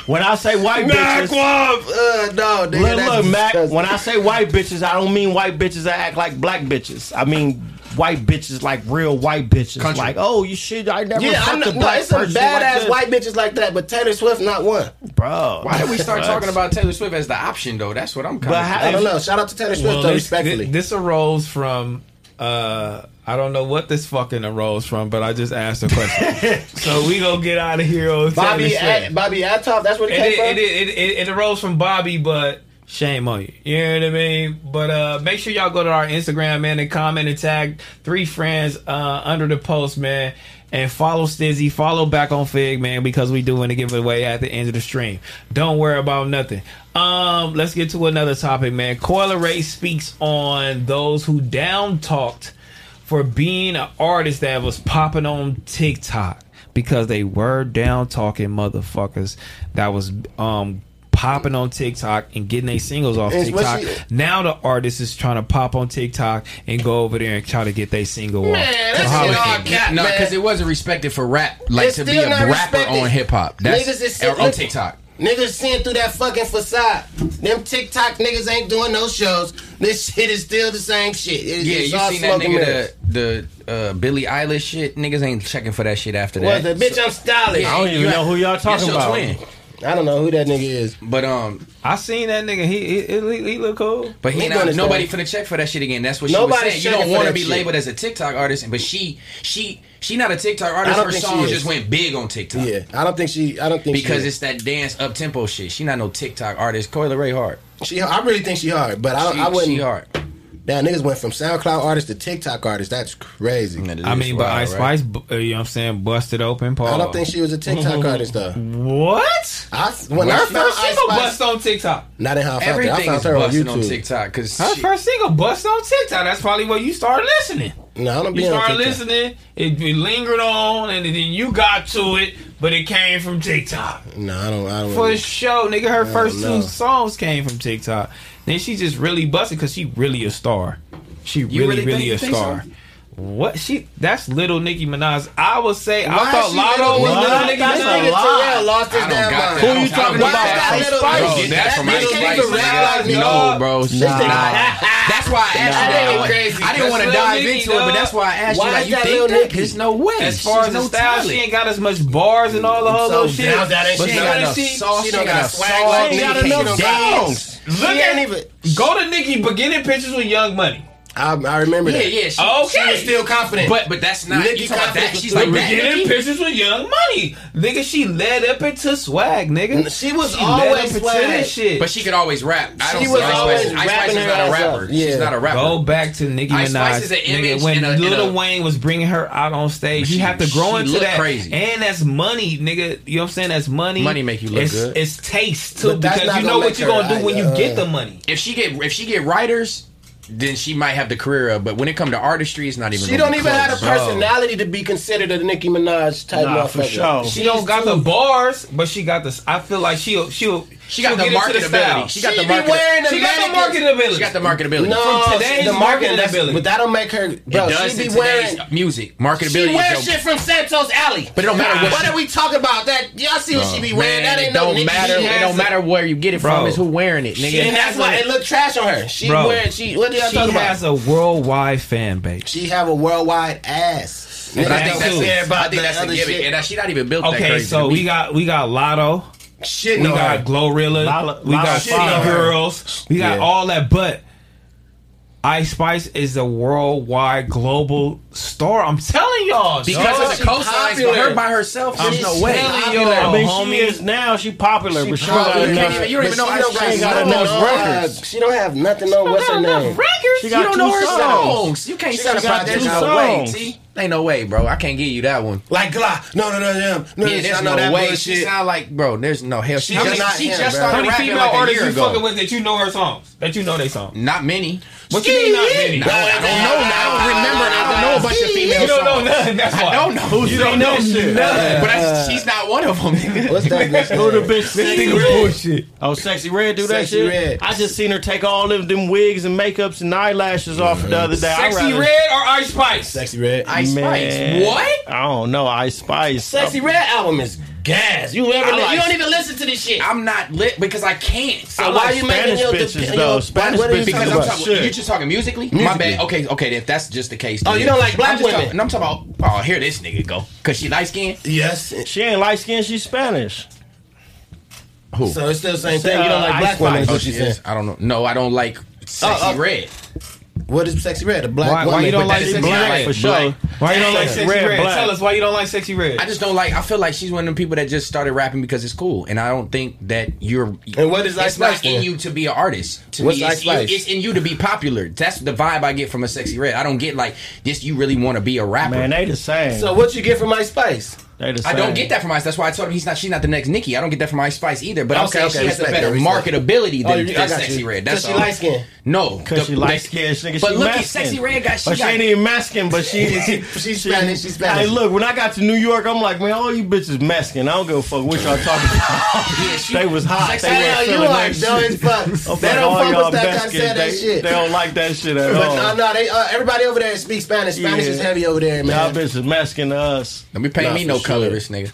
[SPEAKER 3] When I say white
[SPEAKER 2] Mac
[SPEAKER 3] bitches,
[SPEAKER 2] Wop, uh, no, nigga,
[SPEAKER 3] look,
[SPEAKER 2] that's
[SPEAKER 3] look, Mac.
[SPEAKER 2] disgusting.
[SPEAKER 3] When I say white bitches, I don't mean white bitches that act like black bitches. I mean white bitches like real white bitches.
[SPEAKER 2] Country.
[SPEAKER 3] Like, oh, you shit, I never
[SPEAKER 2] yeah, I'm
[SPEAKER 3] fucked
[SPEAKER 2] not,
[SPEAKER 3] a
[SPEAKER 2] no,
[SPEAKER 3] black
[SPEAKER 2] it's some
[SPEAKER 3] person like
[SPEAKER 2] badass
[SPEAKER 3] this.
[SPEAKER 2] white bitches like that, but Taylor Swift not one.
[SPEAKER 3] bro.
[SPEAKER 4] Why did we start
[SPEAKER 3] What?
[SPEAKER 4] talking about Taylor Swift as the option though? That's what I'm kind
[SPEAKER 1] But
[SPEAKER 4] of.
[SPEAKER 1] how- I don't know. Shout
[SPEAKER 2] out to Taylor
[SPEAKER 1] Well, this, thi- this arose from uh, I don't know what this fucking arose from, but I just asked a question. so we gonna get out of here on
[SPEAKER 2] Bobby,
[SPEAKER 1] Taylor Swift.
[SPEAKER 2] at, Bobby Atop. That's what it,
[SPEAKER 1] it,
[SPEAKER 2] came
[SPEAKER 1] it,
[SPEAKER 2] from.
[SPEAKER 1] it, it, it, it arose from Bobby, but shame on you. You know what I mean? But uh, make sure y'all go to our Instagram, man, and comment and tag three friends uh, under the post, man. And follow Stizzy, follow back on Fig, man, because we doing a giveaway at the end of the stream. Don't worry about nothing. Um, let's get to another topic, man. Coil Ray speaks on those who down talked for being an artist that was popping on TikTok because they were down talking motherfuckers that was um popping on TikTok and getting their singles off
[SPEAKER 6] It's what
[SPEAKER 1] TikTok.
[SPEAKER 6] she-
[SPEAKER 1] now the artist is trying to pop on TikTok and go over there and try to get their single off. So how it-
[SPEAKER 4] no, because it wasn't respected for rap, like
[SPEAKER 2] It's
[SPEAKER 4] to be
[SPEAKER 2] still
[SPEAKER 4] a
[SPEAKER 2] not
[SPEAKER 4] rapper
[SPEAKER 2] respected.
[SPEAKER 4] on hip hop. That's
[SPEAKER 2] Niggas is
[SPEAKER 4] or on
[SPEAKER 2] look-
[SPEAKER 4] TikTok.
[SPEAKER 2] Niggas seeing through that fucking facade. Them TikTok niggas ain't doing no shows. This shit is still the same shit. It-
[SPEAKER 4] Yeah,
[SPEAKER 2] it's
[SPEAKER 4] you
[SPEAKER 2] all
[SPEAKER 4] seen that
[SPEAKER 2] smoke and mirrors.
[SPEAKER 4] nigga the the uh, Billie Eilish shit? Niggas ain't checking for that shit after
[SPEAKER 2] Well,
[SPEAKER 4] that.
[SPEAKER 2] the bitch, I'm stylish.
[SPEAKER 4] Yeah, I don't even you know have- who y'all talking that's your about. twin.
[SPEAKER 2] I don't know who that nigga is.
[SPEAKER 4] But um,
[SPEAKER 1] I seen that nigga. He he, he, he look cool.
[SPEAKER 4] But he
[SPEAKER 1] He
[SPEAKER 4] not,
[SPEAKER 1] doing his
[SPEAKER 4] nobody
[SPEAKER 1] thing.
[SPEAKER 4] finna check for that shit again. That's what she
[SPEAKER 1] Nobody's
[SPEAKER 4] was saying. You
[SPEAKER 1] checking
[SPEAKER 4] don't
[SPEAKER 1] for
[SPEAKER 4] want to
[SPEAKER 1] that
[SPEAKER 4] be
[SPEAKER 1] shit.
[SPEAKER 4] labeled as a TikTok artist, but she she she not a TikTok
[SPEAKER 2] I
[SPEAKER 4] artist.
[SPEAKER 2] don't
[SPEAKER 4] Her
[SPEAKER 2] think she
[SPEAKER 4] song
[SPEAKER 2] is.
[SPEAKER 4] just went big on TikTok.
[SPEAKER 2] Yeah, I don't think she. I don't think she
[SPEAKER 4] because
[SPEAKER 2] is.
[SPEAKER 4] it's that dance up tempo shit. She not no TikTok artist. Coyle Ray hard.
[SPEAKER 2] She, I really think she hard, but I, don't
[SPEAKER 4] She-
[SPEAKER 2] Uh, I wouldn't.
[SPEAKER 4] she hard.
[SPEAKER 2] Now niggas went from SoundCloud artist to TikTok artist. That's crazy.
[SPEAKER 1] I mean, but Ice Spice, bu- uh, you know what I'm saying, busted open. Paul.
[SPEAKER 2] I don't think she was a TikTok artist though.
[SPEAKER 1] What?
[SPEAKER 2] I when I
[SPEAKER 1] Her
[SPEAKER 2] found
[SPEAKER 1] first
[SPEAKER 2] Ice
[SPEAKER 1] single
[SPEAKER 2] Spice-
[SPEAKER 1] bust on TikTok.
[SPEAKER 2] Not in how I found her. I
[SPEAKER 4] Everything
[SPEAKER 2] found
[SPEAKER 4] is
[SPEAKER 2] her on
[SPEAKER 4] busted on
[SPEAKER 2] YouTube.
[SPEAKER 4] TikTok because
[SPEAKER 1] Her first single bust on TikTok. That's probably where you started listening.
[SPEAKER 2] No, I don't
[SPEAKER 1] You
[SPEAKER 2] be on
[SPEAKER 1] started
[SPEAKER 2] TikTok.
[SPEAKER 1] listening. It, it lingered on, and then you got to it, but it came from TikTok
[SPEAKER 2] No, I don't. I don't.
[SPEAKER 1] for
[SPEAKER 6] Mm.
[SPEAKER 1] sure, nigga. Her
[SPEAKER 2] don't
[SPEAKER 1] first
[SPEAKER 2] know.
[SPEAKER 1] two songs came from TikTok. Then she just really busted because she really a star. She
[SPEAKER 6] You
[SPEAKER 1] really,
[SPEAKER 6] really
[SPEAKER 1] really
[SPEAKER 6] think-
[SPEAKER 1] a
[SPEAKER 6] think so?
[SPEAKER 1] star. What she? That's little Nicki Minaj. I would say I
[SPEAKER 6] Why
[SPEAKER 1] thought
[SPEAKER 6] she
[SPEAKER 1] Lotto
[SPEAKER 6] little?
[SPEAKER 1] was
[SPEAKER 6] What?
[SPEAKER 1] little Nicki
[SPEAKER 6] That's a
[SPEAKER 1] Minaj.
[SPEAKER 6] lie. Terrell lost his
[SPEAKER 1] I don't
[SPEAKER 6] damn
[SPEAKER 1] got that.
[SPEAKER 6] mind. Who you
[SPEAKER 1] I don't-
[SPEAKER 6] talking
[SPEAKER 1] I don't got
[SPEAKER 6] about? That
[SPEAKER 1] that.
[SPEAKER 6] little-
[SPEAKER 1] Spice.
[SPEAKER 6] Bro, that's from Ice
[SPEAKER 1] Nicki
[SPEAKER 6] Spice.
[SPEAKER 1] Minaj,
[SPEAKER 6] No,
[SPEAKER 1] dog.
[SPEAKER 4] bro,
[SPEAKER 1] This
[SPEAKER 4] nah.
[SPEAKER 1] nigga-
[SPEAKER 4] That's why I asked you that.
[SPEAKER 1] Nah.
[SPEAKER 4] I wasn't-
[SPEAKER 1] Crazy.
[SPEAKER 4] I didn't
[SPEAKER 1] That's
[SPEAKER 4] want to
[SPEAKER 1] Lil
[SPEAKER 4] dive
[SPEAKER 1] Nicky,
[SPEAKER 4] into it,
[SPEAKER 1] dog.
[SPEAKER 4] but that's why I asked you. Like, you think that? There's no way.
[SPEAKER 1] As far
[SPEAKER 4] She's
[SPEAKER 1] as
[SPEAKER 4] no
[SPEAKER 1] the style,
[SPEAKER 4] talent.
[SPEAKER 1] she ain't got as much bars and all the
[SPEAKER 4] I'm
[SPEAKER 1] other
[SPEAKER 4] so
[SPEAKER 1] shit.
[SPEAKER 4] down that ain't-
[SPEAKER 1] But
[SPEAKER 4] she
[SPEAKER 1] you
[SPEAKER 4] ain't
[SPEAKER 1] know
[SPEAKER 4] got
[SPEAKER 1] what
[SPEAKER 4] enough
[SPEAKER 1] she-
[SPEAKER 4] sauce,
[SPEAKER 1] she
[SPEAKER 4] she
[SPEAKER 1] don't
[SPEAKER 4] ain't got
[SPEAKER 1] got
[SPEAKER 4] enough
[SPEAKER 1] swag
[SPEAKER 4] sauce,
[SPEAKER 1] like
[SPEAKER 4] she
[SPEAKER 1] Nicki.
[SPEAKER 4] ain't got enough
[SPEAKER 1] She don't got-
[SPEAKER 4] dance.
[SPEAKER 1] Look at Go to Nicki beginning pictures with Young Money.
[SPEAKER 2] I, I remember
[SPEAKER 4] Yeah,
[SPEAKER 2] that.
[SPEAKER 4] yeah. She,
[SPEAKER 1] Okay.
[SPEAKER 4] she was still confident. But but that's not.
[SPEAKER 1] Nikki
[SPEAKER 4] you talking about that?
[SPEAKER 1] Confidence was
[SPEAKER 4] She's like
[SPEAKER 1] through.
[SPEAKER 4] that.
[SPEAKER 1] beginning
[SPEAKER 4] Nikki?
[SPEAKER 1] pictures with Young Money, nigga. She led up into swag, nigga.
[SPEAKER 2] She was
[SPEAKER 1] led
[SPEAKER 2] always
[SPEAKER 1] up into
[SPEAKER 2] swag.
[SPEAKER 1] that shit.
[SPEAKER 4] But she could always rap. I don't
[SPEAKER 1] She
[SPEAKER 4] see
[SPEAKER 1] was
[SPEAKER 4] Ice
[SPEAKER 1] always
[SPEAKER 4] Spice. Ice Spice
[SPEAKER 1] rapping
[SPEAKER 4] is
[SPEAKER 1] her
[SPEAKER 4] not a
[SPEAKER 1] ass
[SPEAKER 4] rapper.
[SPEAKER 1] up.
[SPEAKER 4] She's not a rapper.
[SPEAKER 1] Go back to Nicki
[SPEAKER 4] Ice Spice
[SPEAKER 1] Minaj.
[SPEAKER 4] is an image
[SPEAKER 1] nigga, when
[SPEAKER 4] and a- and
[SPEAKER 1] Lil
[SPEAKER 4] a-
[SPEAKER 1] Wayne was bringing her out on stage, you have to grow
[SPEAKER 4] she
[SPEAKER 1] into
[SPEAKER 4] looked
[SPEAKER 1] that.
[SPEAKER 4] crazy.
[SPEAKER 1] And that's money, nigga. You know what I'm saying? That's money.
[SPEAKER 4] Money make you look
[SPEAKER 1] it's,
[SPEAKER 4] good.
[SPEAKER 1] It's taste too,
[SPEAKER 4] But that's
[SPEAKER 1] because
[SPEAKER 4] not
[SPEAKER 1] you know
[SPEAKER 4] gonna
[SPEAKER 1] what
[SPEAKER 4] make
[SPEAKER 1] you're gonna
[SPEAKER 4] her-
[SPEAKER 1] do when you
[SPEAKER 4] I-
[SPEAKER 1] get
[SPEAKER 4] uh,
[SPEAKER 1] the money.
[SPEAKER 4] If she get if she get writers, then she might have the career of. But when it come to artistry, it's not even.
[SPEAKER 2] She don't
[SPEAKER 4] gonna be
[SPEAKER 2] even
[SPEAKER 4] close.
[SPEAKER 2] have the personality to be considered a Nicki Minaj type
[SPEAKER 4] Nah,
[SPEAKER 2] motherfucker.
[SPEAKER 4] for sure.
[SPEAKER 1] She don't got the bars, but she got this. I feel like she'll she'll
[SPEAKER 4] She got
[SPEAKER 1] she'll
[SPEAKER 4] the
[SPEAKER 1] get into
[SPEAKER 4] marketability.
[SPEAKER 1] style.
[SPEAKER 4] She got
[SPEAKER 2] She
[SPEAKER 4] the
[SPEAKER 2] be wearing
[SPEAKER 4] marketability.
[SPEAKER 2] the
[SPEAKER 1] She got the
[SPEAKER 2] mannequin-
[SPEAKER 1] marketability.
[SPEAKER 4] She got the marketability.
[SPEAKER 2] No,
[SPEAKER 1] From today's
[SPEAKER 2] the
[SPEAKER 1] marketability.
[SPEAKER 2] marketing, that's- but that don't make her. Bro,
[SPEAKER 4] it does
[SPEAKER 2] she be
[SPEAKER 4] in
[SPEAKER 2] wearing.
[SPEAKER 4] today's music. Marketability.
[SPEAKER 2] She wears
[SPEAKER 4] is your-
[SPEAKER 2] shit from Santos Alley.
[SPEAKER 4] But it don't matter what
[SPEAKER 2] What
[SPEAKER 4] she-
[SPEAKER 2] are we talking about? That y'all see what she be wearing?
[SPEAKER 4] Man,
[SPEAKER 2] that
[SPEAKER 4] it
[SPEAKER 2] ain't no
[SPEAKER 4] don't
[SPEAKER 2] Nicki.
[SPEAKER 4] matter.
[SPEAKER 2] She
[SPEAKER 4] It
[SPEAKER 2] has
[SPEAKER 4] don't
[SPEAKER 2] a-
[SPEAKER 4] matter where you get it
[SPEAKER 1] Bro.
[SPEAKER 4] from. It's who wearing it, nigga.
[SPEAKER 2] And that's why it looked trash on her. She
[SPEAKER 1] Bro.
[SPEAKER 2] wearing. She. What are y'all
[SPEAKER 1] She
[SPEAKER 2] talking about?
[SPEAKER 1] has a worldwide fan base.
[SPEAKER 2] She have a worldwide ass.
[SPEAKER 4] But I
[SPEAKER 2] Niggas
[SPEAKER 4] think
[SPEAKER 2] don't
[SPEAKER 4] that's-
[SPEAKER 2] care about
[SPEAKER 4] I think
[SPEAKER 2] the
[SPEAKER 4] that's a
[SPEAKER 2] other
[SPEAKER 4] given.
[SPEAKER 2] shit.
[SPEAKER 4] And that- she not even built that
[SPEAKER 1] Okay,
[SPEAKER 4] crazy.
[SPEAKER 1] so we got we got Lotto.
[SPEAKER 2] Shit,
[SPEAKER 1] we
[SPEAKER 2] no
[SPEAKER 1] got
[SPEAKER 2] her.
[SPEAKER 1] Glorilla,
[SPEAKER 2] Lala-
[SPEAKER 1] we
[SPEAKER 2] Lala
[SPEAKER 1] got
[SPEAKER 2] shit on
[SPEAKER 1] City
[SPEAKER 2] her.
[SPEAKER 1] Girls, we got
[SPEAKER 2] Yeah.
[SPEAKER 1] all that. But Ice Spice is a worldwide global star. I'm telling y'all,
[SPEAKER 4] because
[SPEAKER 1] dog.
[SPEAKER 4] of the coastlines, but her by herself,
[SPEAKER 1] I'm
[SPEAKER 4] there's no way.
[SPEAKER 1] telling
[SPEAKER 4] Popular.
[SPEAKER 1] y'all,
[SPEAKER 3] I mean,
[SPEAKER 1] homie.
[SPEAKER 3] she is now. She popular, but she don't got
[SPEAKER 4] popular. You
[SPEAKER 3] enough.
[SPEAKER 4] can't even- you don't even
[SPEAKER 3] but
[SPEAKER 4] know
[SPEAKER 3] she
[SPEAKER 4] Ice
[SPEAKER 3] don't got
[SPEAKER 4] Spice
[SPEAKER 3] enough
[SPEAKER 4] songs.
[SPEAKER 3] records.
[SPEAKER 2] Uh, she don't have nothing on what's her name.
[SPEAKER 1] records.
[SPEAKER 3] She
[SPEAKER 4] You
[SPEAKER 3] got
[SPEAKER 4] don't
[SPEAKER 3] two
[SPEAKER 4] know her
[SPEAKER 3] songs.
[SPEAKER 4] songs. You can't
[SPEAKER 2] She
[SPEAKER 4] set
[SPEAKER 2] got
[SPEAKER 4] up out
[SPEAKER 2] about
[SPEAKER 4] there.
[SPEAKER 2] two
[SPEAKER 4] No way,
[SPEAKER 2] songs.
[SPEAKER 4] T. Ain't no way, bro. I can't give you that one.
[SPEAKER 2] Like Glock. No, no, no, no. no
[SPEAKER 4] yeah,
[SPEAKER 2] I
[SPEAKER 4] there's
[SPEAKER 2] know
[SPEAKER 4] no
[SPEAKER 2] that
[SPEAKER 4] way.
[SPEAKER 2] bullshit.
[SPEAKER 4] She sound like, bro. There's no hell. She
[SPEAKER 2] She's
[SPEAKER 4] just,
[SPEAKER 2] not
[SPEAKER 4] she
[SPEAKER 2] him,
[SPEAKER 4] just
[SPEAKER 2] bro.
[SPEAKER 1] How
[SPEAKER 4] started
[SPEAKER 1] many
[SPEAKER 4] rapping
[SPEAKER 1] female
[SPEAKER 4] like a
[SPEAKER 1] artists
[SPEAKER 4] year
[SPEAKER 1] you
[SPEAKER 4] ago.
[SPEAKER 1] fucking with that you know her songs? That you know they songs?
[SPEAKER 4] Not many.
[SPEAKER 1] What you mean not many?
[SPEAKER 4] I don't, I don't know. I don't remember. I don't know a bunch of female
[SPEAKER 1] You don't know
[SPEAKER 4] songs.
[SPEAKER 1] nothing. That's why
[SPEAKER 4] I don't know.
[SPEAKER 1] You don't know shit.
[SPEAKER 4] But I, she's not one of them. nigga.
[SPEAKER 2] What's that bitch?
[SPEAKER 3] Who the
[SPEAKER 2] name?
[SPEAKER 1] This
[SPEAKER 3] bitch sexy
[SPEAKER 1] nigga
[SPEAKER 3] red?
[SPEAKER 1] bullshit.
[SPEAKER 3] Oh, sexy red do that
[SPEAKER 2] Sexy
[SPEAKER 3] shit.
[SPEAKER 2] Red.
[SPEAKER 3] I just seen her take all of them wigs and makeups and eyelashes off the other day. I
[SPEAKER 1] Sexy
[SPEAKER 3] rather-
[SPEAKER 1] Red or Ice Spice?
[SPEAKER 2] Sexy Red.
[SPEAKER 4] Ice
[SPEAKER 3] Man.
[SPEAKER 4] Spice. What?
[SPEAKER 3] I don't know. Ice Spice.
[SPEAKER 2] Sexy Red album is gas. You ever?
[SPEAKER 4] I like-
[SPEAKER 2] you don't even listen to this shit.
[SPEAKER 4] I'm not lit because I can't. So
[SPEAKER 2] So
[SPEAKER 4] why
[SPEAKER 2] why
[SPEAKER 4] like,
[SPEAKER 2] you making
[SPEAKER 3] Spanish
[SPEAKER 2] your
[SPEAKER 3] bitches
[SPEAKER 2] dep-
[SPEAKER 3] though.
[SPEAKER 2] your-
[SPEAKER 3] Spanish
[SPEAKER 2] what are you
[SPEAKER 3] bitches.
[SPEAKER 2] talking
[SPEAKER 4] Because I'm
[SPEAKER 2] about?
[SPEAKER 4] talking,
[SPEAKER 3] Shit.
[SPEAKER 4] you just talking musically? My
[SPEAKER 2] Musically.
[SPEAKER 4] bad. Okay, okay. If that's just the case,
[SPEAKER 2] Oh,
[SPEAKER 4] then
[SPEAKER 2] you
[SPEAKER 4] yeah.
[SPEAKER 2] don't like black
[SPEAKER 4] I'm just
[SPEAKER 2] women?
[SPEAKER 4] Talking, no, I'm talking about. Oh, here this nigga go because she light skinned
[SPEAKER 2] Yes.
[SPEAKER 3] She ain't light skinned. She's Spanish.
[SPEAKER 2] So it's still the same thing. You don't
[SPEAKER 3] Uh,
[SPEAKER 2] like
[SPEAKER 3] Ice
[SPEAKER 2] black women. is
[SPEAKER 3] Spice.
[SPEAKER 2] what Oh, she said.
[SPEAKER 4] I don't know. No, I don't like sexy
[SPEAKER 2] Oh, oh.
[SPEAKER 4] red.
[SPEAKER 2] What is sexy red? A black
[SPEAKER 1] Why- why
[SPEAKER 2] woman.
[SPEAKER 1] you don't
[SPEAKER 2] but
[SPEAKER 1] like
[SPEAKER 2] that
[SPEAKER 1] Sexy
[SPEAKER 2] is
[SPEAKER 1] Black?
[SPEAKER 3] for sure.
[SPEAKER 4] black.
[SPEAKER 1] Why you don't like Sexy
[SPEAKER 3] Red,
[SPEAKER 1] Red?
[SPEAKER 3] black.
[SPEAKER 1] Tell us why you don't like Sexy Red.
[SPEAKER 4] I just don't like. I feel like she's one of them people that just started rapping because it's cool, and I don't think that you're.
[SPEAKER 2] And what is Ice
[SPEAKER 4] it's not
[SPEAKER 2] Spice
[SPEAKER 4] in
[SPEAKER 2] then?
[SPEAKER 4] you to be an artist. To
[SPEAKER 2] What's
[SPEAKER 4] me,
[SPEAKER 2] Ice
[SPEAKER 4] it's, you,
[SPEAKER 2] Spice?
[SPEAKER 4] it's in you to be popular. That's the vibe I get from a sexy red. I don't get like this. You really want to be a rapper?
[SPEAKER 3] Man, they the same.
[SPEAKER 2] So what you get from Ice Spice?
[SPEAKER 3] they the
[SPEAKER 4] I
[SPEAKER 3] same.
[SPEAKER 4] don't get that from Ice. That's why I told him he's not. She's not the next Nicki. I don't get that from Ice Spice either. But I'm
[SPEAKER 2] Okay,
[SPEAKER 4] saying
[SPEAKER 2] okay,
[SPEAKER 4] she has a
[SPEAKER 2] respect
[SPEAKER 4] better
[SPEAKER 2] that, respect that.
[SPEAKER 4] marketability
[SPEAKER 2] Oh,
[SPEAKER 4] than,
[SPEAKER 2] you- I
[SPEAKER 4] than
[SPEAKER 2] got
[SPEAKER 4] sexy
[SPEAKER 2] you.
[SPEAKER 4] red. That's
[SPEAKER 2] 'Cause she
[SPEAKER 4] all.
[SPEAKER 2] light skinned.
[SPEAKER 4] No,
[SPEAKER 3] Cause
[SPEAKER 4] the-
[SPEAKER 3] she
[SPEAKER 4] the-
[SPEAKER 3] light skinned, nigga.
[SPEAKER 4] But
[SPEAKER 3] she
[SPEAKER 4] look at
[SPEAKER 3] Mexican.
[SPEAKER 4] sexy red guy. She
[SPEAKER 3] but she
[SPEAKER 4] got
[SPEAKER 3] ain't even Mexican. But she, she
[SPEAKER 2] She's Spanish, she's Spanish.
[SPEAKER 3] Hey, look, when I got to New York, I'm like, man, all you bitches Mexican. I don't give a fuck what y'all talking about.
[SPEAKER 4] Yeah, she-
[SPEAKER 3] they was hot.
[SPEAKER 4] Sexy-
[SPEAKER 3] They
[SPEAKER 2] Hell,
[SPEAKER 3] were
[SPEAKER 2] you
[SPEAKER 3] feeling
[SPEAKER 2] are
[SPEAKER 3] that
[SPEAKER 2] dumb
[SPEAKER 3] shit.
[SPEAKER 2] as fuck.
[SPEAKER 3] I'm
[SPEAKER 2] They
[SPEAKER 3] like,
[SPEAKER 2] don't
[SPEAKER 3] all
[SPEAKER 2] fuck
[SPEAKER 3] y'all
[SPEAKER 2] with that guy
[SPEAKER 3] Mexicans,
[SPEAKER 2] said that
[SPEAKER 3] they-
[SPEAKER 2] shit.
[SPEAKER 3] They don't like that shit at
[SPEAKER 2] But
[SPEAKER 3] all.
[SPEAKER 2] no, no, they uh, everybody over there speaks Spanish. Spanish
[SPEAKER 3] Yeah.
[SPEAKER 2] is heavy over there,
[SPEAKER 3] Y'all
[SPEAKER 2] man.
[SPEAKER 3] bitches Mexican to us.
[SPEAKER 4] Don't be paying
[SPEAKER 2] Nah,
[SPEAKER 4] me no
[SPEAKER 2] for sure.
[SPEAKER 4] colorist, nigga.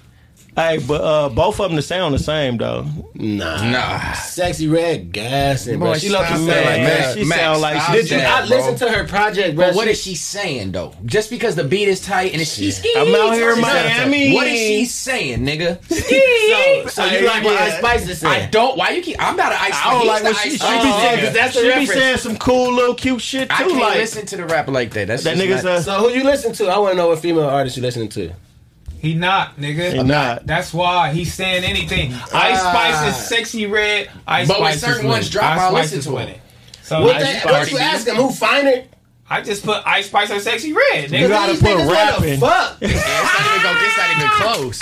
[SPEAKER 3] Hey, but uh, both of them sound the same though.
[SPEAKER 2] Nah,
[SPEAKER 4] Nah.
[SPEAKER 3] Ah.
[SPEAKER 2] sexy red gassing, bro.
[SPEAKER 4] Boy,
[SPEAKER 2] She loves to
[SPEAKER 4] stop
[SPEAKER 2] sound
[SPEAKER 4] that,
[SPEAKER 2] like
[SPEAKER 4] man.
[SPEAKER 2] that.
[SPEAKER 3] She
[SPEAKER 4] Max,
[SPEAKER 3] sound like
[SPEAKER 4] stop
[SPEAKER 3] she-
[SPEAKER 2] Did you
[SPEAKER 4] that,
[SPEAKER 2] not
[SPEAKER 4] bro.
[SPEAKER 2] listen to her project, bro?
[SPEAKER 4] But what
[SPEAKER 2] She-
[SPEAKER 4] is she saying though? Just because the beat is tight and it's she skis,
[SPEAKER 3] I'm out here in
[SPEAKER 4] she sound-
[SPEAKER 3] Miami.
[SPEAKER 4] What is she saying, nigga?
[SPEAKER 2] So, so you like what
[SPEAKER 3] Yeah.
[SPEAKER 2] Ice Spice is
[SPEAKER 4] I
[SPEAKER 2] saying?
[SPEAKER 4] don't. Why you keep? I'm not an ice.
[SPEAKER 3] I don't
[SPEAKER 4] he's
[SPEAKER 3] like
[SPEAKER 4] the
[SPEAKER 3] what she,
[SPEAKER 4] ice
[SPEAKER 3] she be
[SPEAKER 4] Spice
[SPEAKER 3] saying.
[SPEAKER 4] nigga.
[SPEAKER 2] because that's the
[SPEAKER 3] Oh, she be
[SPEAKER 2] reference.
[SPEAKER 3] saying some cool little cute shit too.
[SPEAKER 4] I can't
[SPEAKER 3] like
[SPEAKER 4] listen to the rapper like that. That's
[SPEAKER 3] that
[SPEAKER 4] just
[SPEAKER 3] nigga's uh,
[SPEAKER 4] not-
[SPEAKER 3] a.
[SPEAKER 2] So who you listen to? I want to know what female artist you listening to.
[SPEAKER 1] He not, nigga.
[SPEAKER 3] He not.
[SPEAKER 1] That's why he's saying anything. Ice Spice is sexy red. Ice
[SPEAKER 4] But when
[SPEAKER 1] Spice is
[SPEAKER 4] certain
[SPEAKER 1] winning.
[SPEAKER 4] ones drop,
[SPEAKER 1] Ice
[SPEAKER 4] I'll
[SPEAKER 1] Spice
[SPEAKER 4] listen
[SPEAKER 1] is
[SPEAKER 4] to 'em.
[SPEAKER 1] winning. So
[SPEAKER 2] What
[SPEAKER 1] I,
[SPEAKER 2] they,
[SPEAKER 1] just,
[SPEAKER 2] what you ask him? Who find her?
[SPEAKER 1] I just put Ice Spice and sexy red. Nigga.
[SPEAKER 3] You gotta
[SPEAKER 2] These
[SPEAKER 3] put
[SPEAKER 2] niggas
[SPEAKER 3] rapping.
[SPEAKER 2] wanna fuck.
[SPEAKER 4] Yeah, it's not even gonna- it's not even close.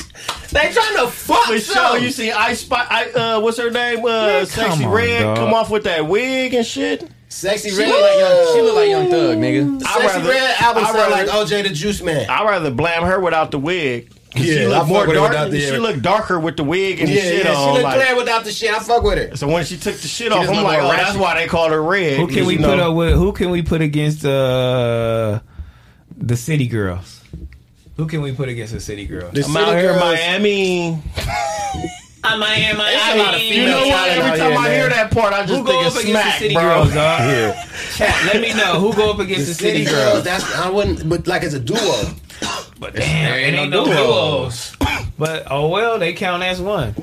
[SPEAKER 2] They trying to fuck.
[SPEAKER 3] For
[SPEAKER 2] so
[SPEAKER 3] sure, you see Ice Spice. I, uh, what's her name? Uh,
[SPEAKER 1] Man,
[SPEAKER 3] Sexy
[SPEAKER 1] come on,
[SPEAKER 3] Red.
[SPEAKER 1] dog.
[SPEAKER 3] Come off with that wig and shit.
[SPEAKER 2] sexy
[SPEAKER 4] She
[SPEAKER 2] red.
[SPEAKER 4] look like young. She
[SPEAKER 2] like
[SPEAKER 4] look like young thug, nigga.
[SPEAKER 2] sexy
[SPEAKER 3] rather-
[SPEAKER 2] red album
[SPEAKER 3] I
[SPEAKER 2] sound like
[SPEAKER 3] rather-
[SPEAKER 2] OJ the Juice Man.
[SPEAKER 3] I'd rather blame her without the wig. 'Cause
[SPEAKER 2] Yeah,
[SPEAKER 3] she
[SPEAKER 2] I
[SPEAKER 3] look
[SPEAKER 2] fuck
[SPEAKER 3] more
[SPEAKER 2] with her
[SPEAKER 3] dark.
[SPEAKER 2] without the-
[SPEAKER 3] she look darker with the wig and
[SPEAKER 2] yeah,
[SPEAKER 3] shit
[SPEAKER 2] yeah,
[SPEAKER 3] on.
[SPEAKER 2] she look
[SPEAKER 3] like-
[SPEAKER 2] glad without the shit. I fuck with her.
[SPEAKER 3] so when she took the shit off,
[SPEAKER 4] just
[SPEAKER 3] I'm
[SPEAKER 4] look
[SPEAKER 3] like,
[SPEAKER 4] more
[SPEAKER 3] oh, that's
[SPEAKER 4] ratchet.
[SPEAKER 3] why they call her red.
[SPEAKER 1] Who can
[SPEAKER 3] you
[SPEAKER 1] we
[SPEAKER 3] know?
[SPEAKER 1] put up with? Who can we put against uh, the city girls? Who can we put against the city girls?
[SPEAKER 3] I'm out here in Miami.
[SPEAKER 1] I'm Miami.
[SPEAKER 2] It's a lot of
[SPEAKER 3] You
[SPEAKER 2] female
[SPEAKER 3] know what?
[SPEAKER 2] talent out
[SPEAKER 3] Every
[SPEAKER 2] here,
[SPEAKER 3] time I
[SPEAKER 2] man.
[SPEAKER 3] hear that part, I just
[SPEAKER 1] Who go
[SPEAKER 3] think
[SPEAKER 1] up
[SPEAKER 3] it's
[SPEAKER 1] against
[SPEAKER 3] smack,
[SPEAKER 1] the city
[SPEAKER 3] bro.
[SPEAKER 1] girls? Dog? Chat, let me know who go up against the, city, girls.
[SPEAKER 2] That's I wouldn't, but like it's a duo.
[SPEAKER 1] But damn, it ain't no duos. But oh well, they count as one.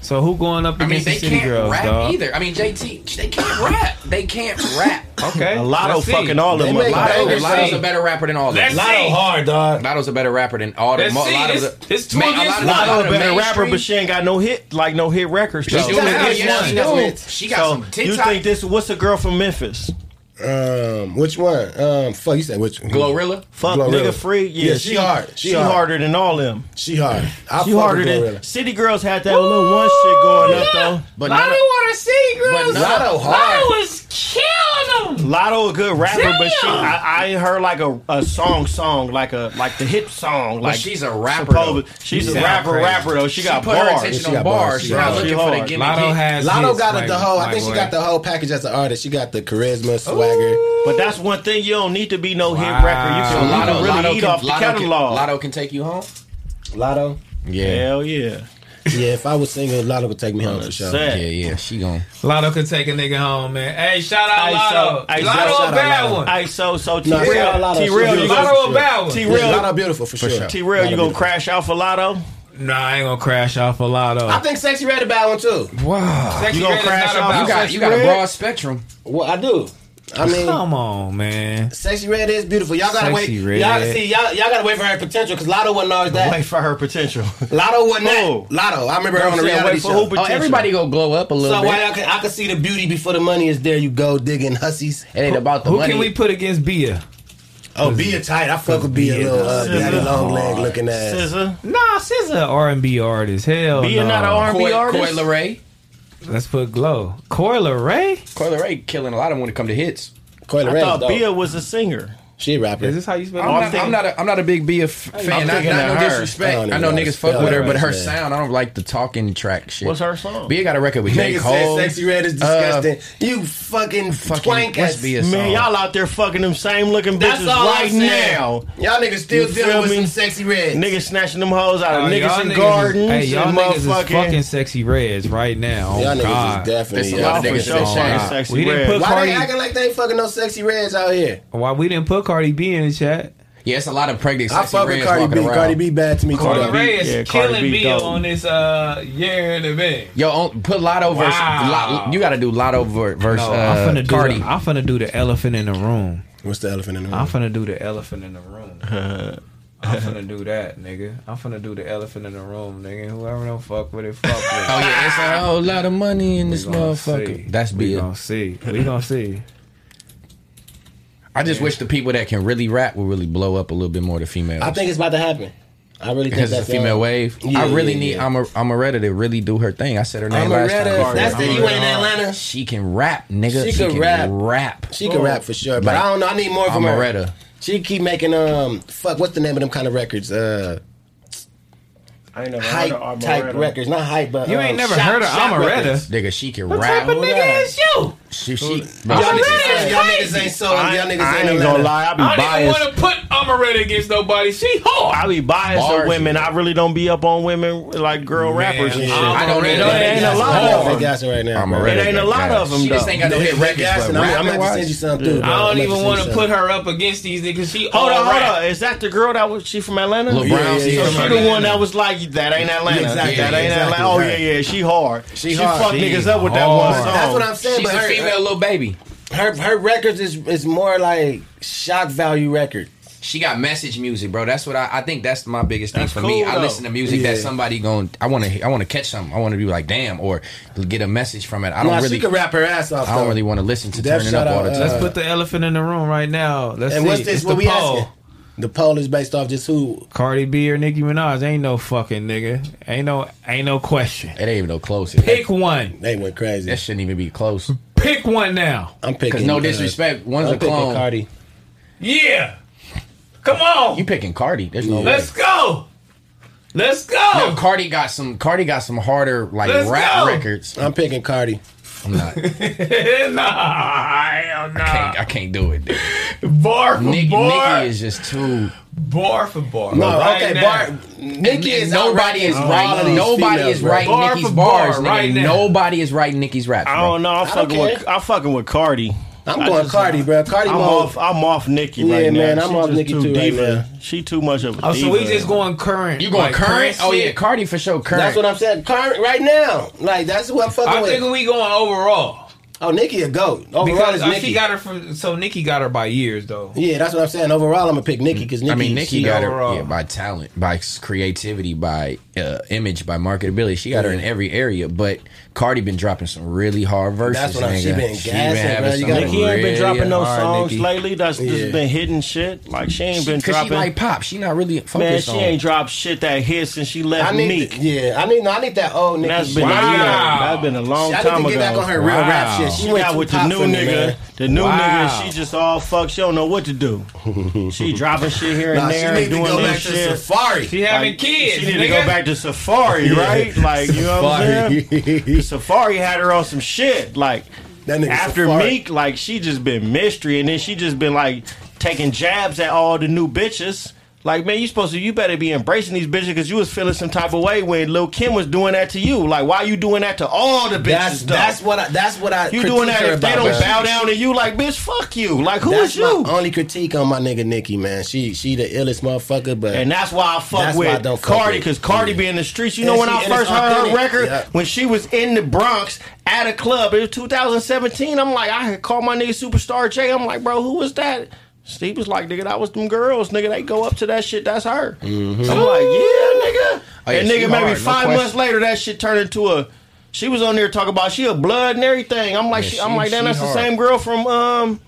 [SPEAKER 1] So who going up
[SPEAKER 4] I mean,
[SPEAKER 1] against
[SPEAKER 4] they
[SPEAKER 1] the City
[SPEAKER 4] can't
[SPEAKER 1] Girls,
[SPEAKER 4] rap
[SPEAKER 1] dog?
[SPEAKER 4] either. I mean, JT, they can't rap. They can't rap.
[SPEAKER 1] Okay,
[SPEAKER 4] A
[SPEAKER 1] lot of
[SPEAKER 4] Let's see. fucking all of them They are make like- bangers.
[SPEAKER 1] Lotto's
[SPEAKER 4] a better rapper than all of them.
[SPEAKER 1] Let's see.
[SPEAKER 2] dog.
[SPEAKER 4] Lotto's a better rapper than all the.
[SPEAKER 1] Let's
[SPEAKER 4] mo-
[SPEAKER 1] see,
[SPEAKER 4] Lotto's
[SPEAKER 1] this-
[SPEAKER 4] a-
[SPEAKER 1] this two
[SPEAKER 4] Man,
[SPEAKER 1] against one.
[SPEAKER 4] a lot
[SPEAKER 3] Lotto
[SPEAKER 4] of
[SPEAKER 3] a
[SPEAKER 4] the
[SPEAKER 3] better rapper, but
[SPEAKER 4] mainstream-
[SPEAKER 3] she ain't got no hit, like no hit records.
[SPEAKER 4] She's
[SPEAKER 3] though.
[SPEAKER 4] doing it. Yeah, she got some- she got
[SPEAKER 3] So,
[SPEAKER 4] some
[SPEAKER 3] You
[SPEAKER 4] TikTok-
[SPEAKER 3] think this? What's the girl from Memphis?
[SPEAKER 2] Um, which one? Um, fuck, you said which one?
[SPEAKER 4] Glorilla?
[SPEAKER 3] Fuck, nigga, free. Yeah,
[SPEAKER 2] she, hard. She, hard.
[SPEAKER 3] harder than all them.
[SPEAKER 2] She hard. I
[SPEAKER 3] she
[SPEAKER 2] fuck
[SPEAKER 3] harder
[SPEAKER 2] with
[SPEAKER 3] than
[SPEAKER 2] Glorilla.
[SPEAKER 3] City Girls had that little one shit going up though. But
[SPEAKER 8] I didn't want to see girls.
[SPEAKER 3] but Lotto hard.
[SPEAKER 8] Lotto was killing them.
[SPEAKER 3] Lotto a good rapper, but she
[SPEAKER 8] Damn.
[SPEAKER 3] I, I ain't heard like a, a song song like a like the hit song. Like
[SPEAKER 4] she's a rapper,
[SPEAKER 3] supposed-
[SPEAKER 4] though.
[SPEAKER 3] She's
[SPEAKER 4] You
[SPEAKER 3] a
[SPEAKER 4] sound
[SPEAKER 3] rapper,
[SPEAKER 4] crazy.
[SPEAKER 3] rapper though. She,
[SPEAKER 4] She
[SPEAKER 3] got
[SPEAKER 4] put her
[SPEAKER 3] bars.
[SPEAKER 4] attention She on got bars. bars. She not looking for the
[SPEAKER 3] hard.
[SPEAKER 4] gimmick Lotto hit. has
[SPEAKER 2] Lotto
[SPEAKER 4] hits,
[SPEAKER 2] got it
[SPEAKER 4] like-
[SPEAKER 2] the whole. I
[SPEAKER 4] like
[SPEAKER 2] think she
[SPEAKER 4] what?
[SPEAKER 2] got the whole package as an artist. She got the charisma, swagger.
[SPEAKER 3] But that's one thing you don't need to be no hit record. You
[SPEAKER 4] So
[SPEAKER 3] can, you can really eat off the
[SPEAKER 4] Lotto can-
[SPEAKER 3] catalog.
[SPEAKER 4] Lotto can take you home.
[SPEAKER 2] Lotto.
[SPEAKER 4] Yeah.
[SPEAKER 3] Hell yeah.
[SPEAKER 2] Yeah, if I was single, Lotto would take me home for sure.
[SPEAKER 3] sad.
[SPEAKER 4] Yeah, yeah. She gone.
[SPEAKER 1] Lotto could take a nigga home, man. Hey, shout out Lotto.
[SPEAKER 3] I
[SPEAKER 1] Lotto a bad one.
[SPEAKER 3] I so so T
[SPEAKER 1] No, shout out
[SPEAKER 3] real
[SPEAKER 1] Lotto.
[SPEAKER 3] T real
[SPEAKER 1] She
[SPEAKER 3] you
[SPEAKER 1] beautiful. Lotto a bad
[SPEAKER 3] go
[SPEAKER 1] one.
[SPEAKER 3] T
[SPEAKER 1] Yeah, Lotto
[SPEAKER 3] real
[SPEAKER 2] beautiful for sure.
[SPEAKER 3] T real you
[SPEAKER 2] Lotto
[SPEAKER 3] gonna crash out for Lotto?
[SPEAKER 1] Nah, I ain't gonna crash off a Lotto.
[SPEAKER 2] I think Sexy Red a bad one too.
[SPEAKER 4] Wow.
[SPEAKER 1] Sexy Red is not about
[SPEAKER 4] You got
[SPEAKER 1] Sexy
[SPEAKER 4] you got a
[SPEAKER 1] Red.
[SPEAKER 4] broad spectrum.
[SPEAKER 2] Well, I do. I mean,
[SPEAKER 1] come on, man.
[SPEAKER 2] Sexy Red is beautiful. Y'all gotta
[SPEAKER 1] Sexy
[SPEAKER 2] wait. Y'all
[SPEAKER 1] Red.
[SPEAKER 2] see. Y'all, y'all gotta wait for her potential because Lotto wasn't always that.
[SPEAKER 3] Wait for her potential.
[SPEAKER 2] Lotto wasn't that. Lotto. I remember her on the reality show.
[SPEAKER 4] Oh, everybody go glow up a little
[SPEAKER 2] So
[SPEAKER 4] bit.
[SPEAKER 2] why I can, I can see the beauty before the money is there. You go digging hussies.
[SPEAKER 4] It ain't about the
[SPEAKER 1] Who
[SPEAKER 4] money.
[SPEAKER 1] can we put against Bia?
[SPEAKER 2] Oh, be a tight. I fuck with be a little uh,
[SPEAKER 1] Scissor.
[SPEAKER 2] daddy long leg looking ass.
[SPEAKER 3] Scissor.
[SPEAKER 1] Nah, she's an R and B artist. Hell,
[SPEAKER 3] Bia
[SPEAKER 1] Oh, no.
[SPEAKER 3] not an R&B
[SPEAKER 4] Coy, Coy
[SPEAKER 3] artist.
[SPEAKER 4] Leray.
[SPEAKER 1] Let's put Glow. Coil Ray.
[SPEAKER 4] Coy Leray killing a lot of them when it come to hits.
[SPEAKER 2] Coil
[SPEAKER 3] I
[SPEAKER 2] Red,
[SPEAKER 3] thought
[SPEAKER 2] though.
[SPEAKER 3] Bia was a singer.
[SPEAKER 2] She a rapper.
[SPEAKER 1] Is this how you spell?
[SPEAKER 4] I'm,
[SPEAKER 1] it?
[SPEAKER 4] not, I'm not a, I'm not a big Bia f- fan. Not,
[SPEAKER 3] thinking
[SPEAKER 4] not
[SPEAKER 3] of
[SPEAKER 4] no
[SPEAKER 3] her.
[SPEAKER 2] I
[SPEAKER 4] disrespect.
[SPEAKER 2] don't
[SPEAKER 4] I, know
[SPEAKER 2] even know how
[SPEAKER 4] niggas
[SPEAKER 2] to
[SPEAKER 4] fuck with
[SPEAKER 2] spell
[SPEAKER 4] her, but
[SPEAKER 2] it,
[SPEAKER 4] her
[SPEAKER 2] man.
[SPEAKER 4] sound, I don't like the talking track shit.
[SPEAKER 3] What's her song?
[SPEAKER 4] Bia got a record with J
[SPEAKER 2] Nigga said
[SPEAKER 4] Cole.
[SPEAKER 2] sexy red is
[SPEAKER 4] Uh,
[SPEAKER 2] disgusting. you fucking,
[SPEAKER 4] fucking
[SPEAKER 2] twank
[SPEAKER 4] what's
[SPEAKER 2] ass.
[SPEAKER 4] Bia song?
[SPEAKER 3] Man, y'all out there fucking them same looking bitches right now.
[SPEAKER 2] Y'all niggas still
[SPEAKER 3] You
[SPEAKER 2] dealing
[SPEAKER 3] feel
[SPEAKER 2] with
[SPEAKER 3] me?
[SPEAKER 2] some sexy red.
[SPEAKER 3] Niggas snatching them hoes out
[SPEAKER 1] Oh, y'all
[SPEAKER 3] of niggas in
[SPEAKER 1] niggas is-
[SPEAKER 3] gardens.
[SPEAKER 1] Hey, y'all
[SPEAKER 3] and
[SPEAKER 1] niggas is
[SPEAKER 3] motherfucking-
[SPEAKER 1] fucking sexy reds right now. Oh,
[SPEAKER 2] Y'all niggas
[SPEAKER 1] God.
[SPEAKER 2] is definitely.
[SPEAKER 4] It's a
[SPEAKER 2] y'all
[SPEAKER 4] lot of
[SPEAKER 2] niggas
[SPEAKER 4] niggas
[SPEAKER 2] is
[SPEAKER 3] so
[SPEAKER 2] shit.
[SPEAKER 3] fucking
[SPEAKER 1] Wow.
[SPEAKER 3] sexy
[SPEAKER 1] We didn't
[SPEAKER 3] red.
[SPEAKER 1] put-
[SPEAKER 2] Why
[SPEAKER 1] Cardi-
[SPEAKER 2] they acting like they ain't fucking no sexy reds out here?
[SPEAKER 1] Why we didn't put Cardi B in the chat?
[SPEAKER 4] Yeah, it's a lot of pregnant
[SPEAKER 2] I
[SPEAKER 4] sexy
[SPEAKER 2] fuck with
[SPEAKER 4] reds
[SPEAKER 2] Cardi
[SPEAKER 4] walking
[SPEAKER 2] B.
[SPEAKER 4] around.
[SPEAKER 2] Cardi B bad to me too.
[SPEAKER 1] Cardi
[SPEAKER 2] though.
[SPEAKER 1] Ray is
[SPEAKER 3] yeah, Cardi
[SPEAKER 1] killing
[SPEAKER 3] B
[SPEAKER 1] B
[SPEAKER 3] dope.
[SPEAKER 1] on this uh year in event.
[SPEAKER 4] Yo, on- put Lotto versus
[SPEAKER 1] Wow.
[SPEAKER 4] Lot- you got to do Lotto ver- versus
[SPEAKER 1] No,
[SPEAKER 4] uh,
[SPEAKER 1] I'm finna do.
[SPEAKER 4] Cardi.
[SPEAKER 1] The, I'm finna do the elephant in the room.
[SPEAKER 2] What's the elephant in the
[SPEAKER 1] I'm
[SPEAKER 2] room?
[SPEAKER 1] finna do the elephant in the room. I'm finna do that, nigga. I'm finna do the elephant in the room, nigga. Whoever don't fuck with it, fuck with it.
[SPEAKER 4] Oh yeah, it's a whole lot of money in this
[SPEAKER 1] We gonna
[SPEAKER 4] motherfucker.
[SPEAKER 1] see.
[SPEAKER 4] That's
[SPEAKER 1] We
[SPEAKER 4] Bia.
[SPEAKER 1] gonna see. We gonna see.
[SPEAKER 4] I just wish the people that can really rap will really blow up a little bit more. The females.
[SPEAKER 2] I think it's about to happen. I really think
[SPEAKER 4] because
[SPEAKER 2] that's uh,
[SPEAKER 4] it's a female
[SPEAKER 2] on.
[SPEAKER 4] wave.
[SPEAKER 2] Yeah,
[SPEAKER 4] I really
[SPEAKER 2] yeah,
[SPEAKER 4] need
[SPEAKER 2] yeah.
[SPEAKER 4] I'm a I'm a Reddit to really do her thing. I said her name last
[SPEAKER 2] Amaretta,
[SPEAKER 4] time.
[SPEAKER 2] that's the- you
[SPEAKER 4] Amaretta.
[SPEAKER 2] in Atlanta?
[SPEAKER 4] She can rap, nigga.
[SPEAKER 2] She
[SPEAKER 4] She,
[SPEAKER 2] can
[SPEAKER 4] can,
[SPEAKER 2] rap.
[SPEAKER 4] rap.
[SPEAKER 2] She can rap for sure, but
[SPEAKER 4] Like,
[SPEAKER 2] I don't know. I need more from
[SPEAKER 4] Amaretta.
[SPEAKER 2] her. She keep making um fuck. What's the name of them kind of records? Uh,
[SPEAKER 3] I ain't never heard
[SPEAKER 2] hype
[SPEAKER 3] of
[SPEAKER 2] type
[SPEAKER 3] Armoretta.
[SPEAKER 2] records, not hype, but
[SPEAKER 1] You
[SPEAKER 2] um,
[SPEAKER 1] ain't never
[SPEAKER 2] shop-
[SPEAKER 1] heard of
[SPEAKER 2] shop records.
[SPEAKER 1] Amaretta.
[SPEAKER 4] Nigga, she can
[SPEAKER 1] What
[SPEAKER 4] rap.
[SPEAKER 1] type of nigga is you?
[SPEAKER 4] She she. bro,
[SPEAKER 2] Y'all
[SPEAKER 4] she
[SPEAKER 2] niggas,
[SPEAKER 4] can-
[SPEAKER 1] is
[SPEAKER 2] ain't- y'all niggas ain't so.
[SPEAKER 3] I,
[SPEAKER 2] Y'all niggas ain't
[SPEAKER 3] I ain't
[SPEAKER 2] Atlanta.
[SPEAKER 3] gonna lie. I be
[SPEAKER 1] I don't even
[SPEAKER 3] biased.
[SPEAKER 1] want to put Amaretta against nobody. She hard.
[SPEAKER 3] I be biased on
[SPEAKER 4] Bars,
[SPEAKER 3] women.
[SPEAKER 4] yeah.
[SPEAKER 3] I really don't be up on women like girl rappers and shit.
[SPEAKER 2] I'm
[SPEAKER 4] I don't
[SPEAKER 1] Amaretta.
[SPEAKER 4] need
[SPEAKER 3] It
[SPEAKER 4] that.
[SPEAKER 3] ain't a lot
[SPEAKER 2] They
[SPEAKER 3] of
[SPEAKER 2] got-
[SPEAKER 3] them.
[SPEAKER 2] They got you right now. bro.
[SPEAKER 4] Amaretta
[SPEAKER 3] It ain't a
[SPEAKER 4] got
[SPEAKER 3] lot
[SPEAKER 4] gas.
[SPEAKER 3] of them,
[SPEAKER 4] She just
[SPEAKER 3] though.
[SPEAKER 4] ain't got no
[SPEAKER 2] They-
[SPEAKER 4] hit
[SPEAKER 2] they
[SPEAKER 4] records.
[SPEAKER 2] got
[SPEAKER 4] But
[SPEAKER 2] some. I'm gonna have to
[SPEAKER 4] rapping-wise,
[SPEAKER 2] send you something through. bro.
[SPEAKER 1] I
[SPEAKER 2] I'm
[SPEAKER 1] don't
[SPEAKER 2] gonna
[SPEAKER 1] even
[SPEAKER 2] send
[SPEAKER 1] want
[SPEAKER 2] you
[SPEAKER 1] to
[SPEAKER 2] something.
[SPEAKER 1] put her up against these niggas. She
[SPEAKER 3] Hold on,
[SPEAKER 1] all
[SPEAKER 3] hold
[SPEAKER 1] rap.
[SPEAKER 3] on. Is that the girl that was she from Atlanta?
[SPEAKER 4] Lil Brown, she
[SPEAKER 3] So
[SPEAKER 4] from
[SPEAKER 3] she the
[SPEAKER 4] Atlanta.
[SPEAKER 3] one that was like that ain't Atlanta.
[SPEAKER 2] Exactly,
[SPEAKER 3] that ain't
[SPEAKER 2] exactly,
[SPEAKER 3] Atlanta. Oh
[SPEAKER 2] right.
[SPEAKER 3] yeah, yeah. She hard. She,
[SPEAKER 2] hard.
[SPEAKER 3] fucked
[SPEAKER 2] She
[SPEAKER 3] niggas up with that one song.
[SPEAKER 2] That's what I'm saying.
[SPEAKER 4] She's
[SPEAKER 2] but
[SPEAKER 4] a
[SPEAKER 2] her,
[SPEAKER 4] female little baby.
[SPEAKER 2] her her records is is more like shock value record.
[SPEAKER 4] She got message music, bro. That's what I, I think. That's my biggest thing
[SPEAKER 3] That's
[SPEAKER 4] for me.
[SPEAKER 3] cool,
[SPEAKER 4] I
[SPEAKER 3] though.
[SPEAKER 4] listen to music that
[SPEAKER 2] Yeah.
[SPEAKER 4] somebody going. I want to. I want to catch something. I want to be like, damn, or get a message from it. I don't
[SPEAKER 2] Nah,
[SPEAKER 4] really.
[SPEAKER 2] she can rap her ass off.
[SPEAKER 4] I don't
[SPEAKER 2] though.
[SPEAKER 4] really want to listen to
[SPEAKER 2] Def,
[SPEAKER 4] turning
[SPEAKER 2] shout
[SPEAKER 4] up all the
[SPEAKER 2] out,
[SPEAKER 4] time.
[SPEAKER 2] uh,
[SPEAKER 1] Let's put the elephant in the room right now. Let's
[SPEAKER 2] And
[SPEAKER 1] see.
[SPEAKER 2] what's this?
[SPEAKER 1] It's
[SPEAKER 2] What
[SPEAKER 1] the
[SPEAKER 2] we
[SPEAKER 1] poll.
[SPEAKER 2] asking? The poll is based off just who.
[SPEAKER 1] Cardi B or Nicki Minaj? Ain't no fucking nigga. Ain't no. Ain't no question.
[SPEAKER 4] It ain't even no close.
[SPEAKER 1] Pick one.
[SPEAKER 2] They went crazy.
[SPEAKER 4] That shouldn't even be close.
[SPEAKER 1] Pick one now.
[SPEAKER 2] I'm
[SPEAKER 4] Cause
[SPEAKER 2] picking.
[SPEAKER 4] no
[SPEAKER 2] uh,
[SPEAKER 4] disrespect, one's
[SPEAKER 2] I'm
[SPEAKER 4] a
[SPEAKER 2] picking
[SPEAKER 4] clone.
[SPEAKER 2] Cardi.
[SPEAKER 1] Yeah. Come on.
[SPEAKER 4] You picking Cardi? There's no
[SPEAKER 1] Let's
[SPEAKER 4] way.
[SPEAKER 1] go. Let's go.
[SPEAKER 4] No, Cardi got some. Cardi got some harder like
[SPEAKER 1] Let's
[SPEAKER 4] rap
[SPEAKER 1] go.
[SPEAKER 4] records.
[SPEAKER 2] I'm picking Cardi.
[SPEAKER 4] I'm not. I
[SPEAKER 1] nah, hell
[SPEAKER 4] can't,
[SPEAKER 1] nah.
[SPEAKER 4] I can't do it. dude.
[SPEAKER 1] Bar for
[SPEAKER 6] Oh,
[SPEAKER 4] Nick,
[SPEAKER 1] bar.
[SPEAKER 4] Nicki is just too.
[SPEAKER 1] bar for bar.
[SPEAKER 2] No,
[SPEAKER 1] Right
[SPEAKER 2] okay,
[SPEAKER 1] now.
[SPEAKER 2] Bar. Nikki is
[SPEAKER 4] nobody is right. Nobody is right.
[SPEAKER 1] Bar
[SPEAKER 4] Nicki's
[SPEAKER 1] for bar
[SPEAKER 4] bars. nigga.
[SPEAKER 1] right now.
[SPEAKER 4] Nobody is right. Nicki's raps.
[SPEAKER 3] I
[SPEAKER 4] bro.
[SPEAKER 3] don't know. I'm
[SPEAKER 2] don't
[SPEAKER 3] fucking with.
[SPEAKER 2] care.
[SPEAKER 3] I'm fucking with Cardi.
[SPEAKER 2] I'm
[SPEAKER 3] I
[SPEAKER 2] going
[SPEAKER 3] just-
[SPEAKER 2] Cardi, bro. Cardi
[SPEAKER 3] I'm
[SPEAKER 2] mode.
[SPEAKER 3] off. I'm off Nicki
[SPEAKER 2] Yeah,
[SPEAKER 3] right now.
[SPEAKER 2] man, I'm
[SPEAKER 3] She
[SPEAKER 2] off
[SPEAKER 3] just
[SPEAKER 2] Nicki
[SPEAKER 3] too
[SPEAKER 2] too right
[SPEAKER 3] diva.
[SPEAKER 2] now.
[SPEAKER 3] She too much of a
[SPEAKER 1] Oh,
[SPEAKER 3] diva.
[SPEAKER 1] so we just going current.
[SPEAKER 2] You going current? Oh, yeah,
[SPEAKER 4] Cardi for sure.
[SPEAKER 2] That's what I'm saying. Current right now. Like that's what I'm fucking
[SPEAKER 1] I'm
[SPEAKER 2] with.
[SPEAKER 1] thinking we going overall.
[SPEAKER 2] Oh, Nikki a goat. Overall
[SPEAKER 1] because
[SPEAKER 2] is
[SPEAKER 1] uh,
[SPEAKER 2] Nicki.
[SPEAKER 1] she got her from so Nikki got her by years though.
[SPEAKER 2] yeah, that's what I'm saying. Overall, I'm gonna pick
[SPEAKER 3] Mm.
[SPEAKER 2] Nikki because Nikki.
[SPEAKER 4] I mean, Nikki
[SPEAKER 2] she
[SPEAKER 4] got
[SPEAKER 2] overall.
[SPEAKER 4] her yeah, by talent, by s- creativity, by uh, image, by marketability. She got her in every area. But Cardi been dropping some really hard verses.
[SPEAKER 2] That's what I'm- she
[SPEAKER 4] nigga.
[SPEAKER 2] been
[SPEAKER 4] She
[SPEAKER 2] gassing,
[SPEAKER 4] having
[SPEAKER 2] bro. You
[SPEAKER 4] some
[SPEAKER 2] gotta-
[SPEAKER 3] Nicki ain't been
[SPEAKER 4] really
[SPEAKER 3] dropping no
[SPEAKER 4] hard,
[SPEAKER 3] songs
[SPEAKER 4] Nicki.
[SPEAKER 3] lately. That's
[SPEAKER 4] Yeah.
[SPEAKER 3] just been hitting shit. Like she ain't been
[SPEAKER 4] Cause
[SPEAKER 3] dropping.
[SPEAKER 4] she like pop. She not really focused
[SPEAKER 3] Man, she
[SPEAKER 4] on.
[SPEAKER 3] ain't dropped shit that hit since she left
[SPEAKER 2] I need.
[SPEAKER 3] Meek.
[SPEAKER 2] Yeah, I need. No, I need that old Nikki.
[SPEAKER 3] That's
[SPEAKER 2] shit.
[SPEAKER 3] been a year. That's been a long
[SPEAKER 2] See, I need
[SPEAKER 3] time
[SPEAKER 2] to
[SPEAKER 3] ago.
[SPEAKER 2] get back on her real rap shit. She,
[SPEAKER 3] She,
[SPEAKER 2] went
[SPEAKER 3] got
[SPEAKER 2] too
[SPEAKER 3] with the
[SPEAKER 2] pop
[SPEAKER 3] new
[SPEAKER 2] for me,
[SPEAKER 3] nigga.
[SPEAKER 2] man.
[SPEAKER 3] The new
[SPEAKER 2] Wow.
[SPEAKER 3] nigga. She just all fucked. She don't know what to do. She dropping shit here and
[SPEAKER 2] Nah, she
[SPEAKER 3] there,
[SPEAKER 2] need to
[SPEAKER 3] doing
[SPEAKER 2] go
[SPEAKER 3] this
[SPEAKER 2] back to
[SPEAKER 3] shit.
[SPEAKER 2] Safari. She having kids,
[SPEAKER 3] She need to go
[SPEAKER 2] nigga.
[SPEAKER 3] back to Safari,
[SPEAKER 2] Yeah.
[SPEAKER 3] right? Like you know what I'm saying. Safari had her on some shit. Like
[SPEAKER 2] nigga
[SPEAKER 3] after
[SPEAKER 2] Safari.
[SPEAKER 3] Meek, like she just been mystery, and then she just been like taking jabs at all the new bitches. Like man, you supposed to you better be embracing these bitches because you was feeling some type of way when Lil Kim was doing that to you. Like why you doing that to all the
[SPEAKER 2] That's
[SPEAKER 3] bitches? though?
[SPEAKER 2] that's what I. That's what I.
[SPEAKER 3] You doing that
[SPEAKER 2] critique her
[SPEAKER 3] if they
[SPEAKER 2] about,
[SPEAKER 3] don't
[SPEAKER 2] man.
[SPEAKER 3] bow down to you, like bitch, fuck you. Like who
[SPEAKER 2] that's
[SPEAKER 3] is you?
[SPEAKER 2] My only critique on my nigga Nikki, man. She she the illest motherfucker, but
[SPEAKER 3] And that's why I fuck
[SPEAKER 2] That's why
[SPEAKER 3] with
[SPEAKER 2] I don't fuck
[SPEAKER 3] Cardi
[SPEAKER 2] with-
[SPEAKER 3] because Cardi be in the streets. You
[SPEAKER 2] And
[SPEAKER 3] know when
[SPEAKER 2] she-
[SPEAKER 3] I
[SPEAKER 2] and it's
[SPEAKER 3] first heard her
[SPEAKER 2] authentic.
[SPEAKER 3] record
[SPEAKER 2] Yeah.
[SPEAKER 3] when she was in the Bronx at a club. It was 2017. I'm like, I had called my nigga Superstar J. I'm like, bro, who was that? Steve was like, nigga, that was them girls. Nigga, they go up to that shit. That's her. I'm like, yeah, nigga.
[SPEAKER 2] Mm-hmm. Oh, yeah,
[SPEAKER 3] and
[SPEAKER 2] she
[SPEAKER 3] nigga,
[SPEAKER 2] hard,
[SPEAKER 3] maybe
[SPEAKER 2] no
[SPEAKER 3] five
[SPEAKER 2] question.
[SPEAKER 3] months later, that shit turned into a. She was on there talking about she a blood and everything. I'm like,
[SPEAKER 2] Yeah,
[SPEAKER 3] she, I'm
[SPEAKER 2] she-
[SPEAKER 3] like, damn,
[SPEAKER 2] she
[SPEAKER 3] that's
[SPEAKER 2] hard.
[SPEAKER 3] the same girl from um,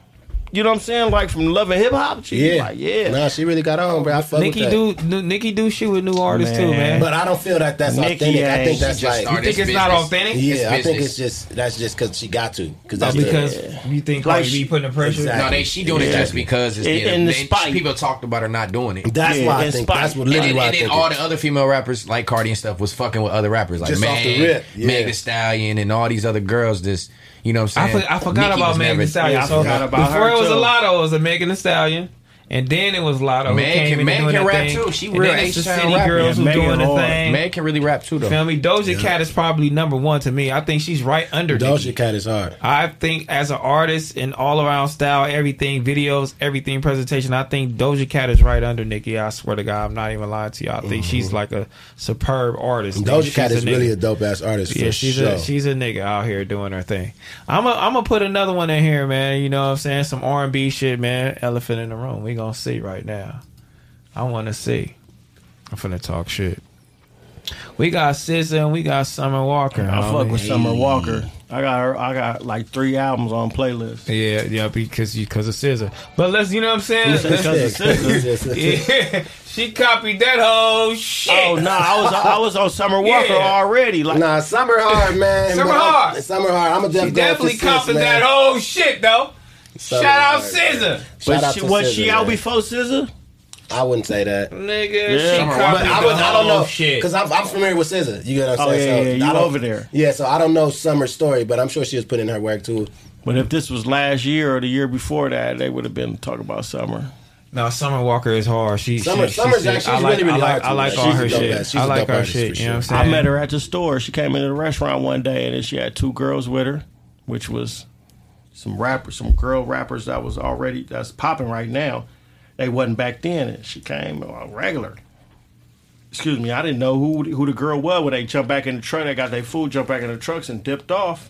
[SPEAKER 3] you know what I'm saying, like from Love and Hip Hop. She
[SPEAKER 2] yeah,
[SPEAKER 3] like, yeah,
[SPEAKER 2] Nah, she really got on, bro. I fuck
[SPEAKER 1] Nikki
[SPEAKER 2] with that.
[SPEAKER 1] do new, Nikki do shit with new artists too, man.
[SPEAKER 2] But I don't feel that that's
[SPEAKER 1] Nicki
[SPEAKER 2] authentic. I
[SPEAKER 1] ain't-
[SPEAKER 2] think
[SPEAKER 1] she
[SPEAKER 2] that's
[SPEAKER 1] just
[SPEAKER 2] like
[SPEAKER 1] started You think it's not business. authentic?
[SPEAKER 2] Yeah,
[SPEAKER 1] It's
[SPEAKER 2] I think
[SPEAKER 1] business.
[SPEAKER 2] it's just that's just because she got to. Because
[SPEAKER 1] Not
[SPEAKER 2] that's
[SPEAKER 1] because
[SPEAKER 2] the,
[SPEAKER 1] you think
[SPEAKER 2] Like
[SPEAKER 1] Cardi
[SPEAKER 2] she-
[SPEAKER 1] B putting the pressure.
[SPEAKER 2] Exactly.
[SPEAKER 4] No, they she doing it
[SPEAKER 2] Yeah.
[SPEAKER 4] just because it's
[SPEAKER 2] In-
[SPEAKER 4] getting-
[SPEAKER 2] in the
[SPEAKER 4] they-
[SPEAKER 2] spite.
[SPEAKER 4] People talked about her not doing it.
[SPEAKER 2] That's Yeah, why I in think- spite. that's what literally
[SPEAKER 4] and, then-
[SPEAKER 2] why I
[SPEAKER 4] and then
[SPEAKER 2] think
[SPEAKER 4] all
[SPEAKER 2] it-
[SPEAKER 4] the other female rappers like Cardi and stuff was fucking with other rappers like
[SPEAKER 2] Just off
[SPEAKER 4] Meg,
[SPEAKER 2] the rip, yeah.
[SPEAKER 4] Meg Thee Stallion, and all these other girls. Just you know what I'm
[SPEAKER 1] I,
[SPEAKER 4] saying?
[SPEAKER 1] for, I forgot
[SPEAKER 4] Nicki
[SPEAKER 1] about
[SPEAKER 4] was
[SPEAKER 1] Megan
[SPEAKER 4] never-
[SPEAKER 1] Thee Stallion. so before it was a Lotto, it was a Megan Thee Stallion, and then it was Lotto. who
[SPEAKER 4] Meg
[SPEAKER 1] came
[SPEAKER 4] can-
[SPEAKER 1] in
[SPEAKER 4] Meg
[SPEAKER 1] doing
[SPEAKER 4] can
[SPEAKER 1] her
[SPEAKER 4] rap
[SPEAKER 1] thing.
[SPEAKER 4] too. She
[SPEAKER 1] And
[SPEAKER 4] real
[SPEAKER 1] then it's the
[SPEAKER 4] H-Town
[SPEAKER 1] city
[SPEAKER 4] rapper.
[SPEAKER 1] girls
[SPEAKER 4] Yeah,
[SPEAKER 1] who
[SPEAKER 4] Megan
[SPEAKER 1] doing the
[SPEAKER 4] hard.
[SPEAKER 1] thing.
[SPEAKER 4] Meg can really rap too, though.
[SPEAKER 1] Feel me? Doja Cat is probably number one to me. I think she's right under Doja
[SPEAKER 2] Cat is hard.
[SPEAKER 1] I think as an artist in all around style, everything, videos, everything, presentation, I think Doja Cat is right under Nicki. I swear to God, I'm not even lying to you. I think she's like a superb artist. nigga.
[SPEAKER 2] Mm-hmm. Doja Cat
[SPEAKER 1] She's
[SPEAKER 2] is
[SPEAKER 1] a
[SPEAKER 2] really
[SPEAKER 1] nigga.
[SPEAKER 2] a dope ass artist.
[SPEAKER 1] Yeah,
[SPEAKER 2] for
[SPEAKER 1] she's
[SPEAKER 2] sure.
[SPEAKER 1] a she's a nigga out here doing her thing. I'm a, I'm gonna put another one in here, man. You know what I'm saying? Some R&B shit, man. Elephant in the room. We gonna see right now. I want to see. I'm finna talk shit. We got SZA and we got Summer Walker.
[SPEAKER 3] I
[SPEAKER 2] Oh,
[SPEAKER 1] homie.
[SPEAKER 3] fuck with Summer Walker. I got her. I got like three albums on playlist.
[SPEAKER 1] Yeah, yeah, because you because of SZA. But let's, you know what I'm saying?
[SPEAKER 3] Because of SZA.
[SPEAKER 1] yeah, she copied that whole shit.
[SPEAKER 3] Oh no, I was I was on Summer Walker
[SPEAKER 1] Yeah.
[SPEAKER 3] already. Like
[SPEAKER 2] nah, summer hard, man.
[SPEAKER 1] Summer
[SPEAKER 2] But I'm-
[SPEAKER 1] Hard.
[SPEAKER 2] summer hard. I'm a
[SPEAKER 1] She definitely copied that whole shit though.
[SPEAKER 2] Summer
[SPEAKER 1] Shout out
[SPEAKER 2] Hard,
[SPEAKER 1] SZA.
[SPEAKER 2] Shout out
[SPEAKER 3] she-
[SPEAKER 2] to
[SPEAKER 3] was she
[SPEAKER 2] SZA,
[SPEAKER 3] out
[SPEAKER 2] man.
[SPEAKER 3] before SZA?
[SPEAKER 2] I wouldn't say that.
[SPEAKER 1] Nigga, she
[SPEAKER 2] But
[SPEAKER 1] copied
[SPEAKER 2] I,
[SPEAKER 1] the
[SPEAKER 2] was, I
[SPEAKER 1] whole
[SPEAKER 2] don't know
[SPEAKER 1] Oh, shit.
[SPEAKER 2] because I'm, I'm familiar with SZA. You get what I'm
[SPEAKER 3] Oh,
[SPEAKER 2] saying?
[SPEAKER 3] yeah, yeah,
[SPEAKER 2] so
[SPEAKER 3] you
[SPEAKER 2] I don't-
[SPEAKER 3] over there.
[SPEAKER 2] Yeah, so I don't know Summer's story, but I'm sure she was putting in her work too.
[SPEAKER 3] But if this was last year or the year before that, they would have been talking about Summer.
[SPEAKER 1] No, Summer Walker is hard. She,
[SPEAKER 2] Summer-
[SPEAKER 1] she,
[SPEAKER 2] Summer's
[SPEAKER 1] she,
[SPEAKER 2] actually-
[SPEAKER 1] I
[SPEAKER 2] she's
[SPEAKER 1] like,
[SPEAKER 2] really, really
[SPEAKER 1] I like,
[SPEAKER 2] hard
[SPEAKER 1] I
[SPEAKER 2] too,
[SPEAKER 1] like
[SPEAKER 2] man.
[SPEAKER 1] all
[SPEAKER 2] She's
[SPEAKER 1] her
[SPEAKER 2] a dope
[SPEAKER 1] shit.
[SPEAKER 2] ass- she's
[SPEAKER 1] I
[SPEAKER 2] a
[SPEAKER 1] like
[SPEAKER 2] dope
[SPEAKER 1] her
[SPEAKER 2] artist
[SPEAKER 1] shit.
[SPEAKER 2] for
[SPEAKER 1] You know what
[SPEAKER 2] sure.
[SPEAKER 1] I'm saying?
[SPEAKER 3] I met her at the store. She came into the restaurant one day and then she had two girls with her, which was some rappers, some girl rappers that was already that's popping right now. They wasn't back then. And she came uh, regular. Excuse me, I didn't know who who the girl was when they jumped back in the truck. They got their food, jumped back in the trucks, and dipped off.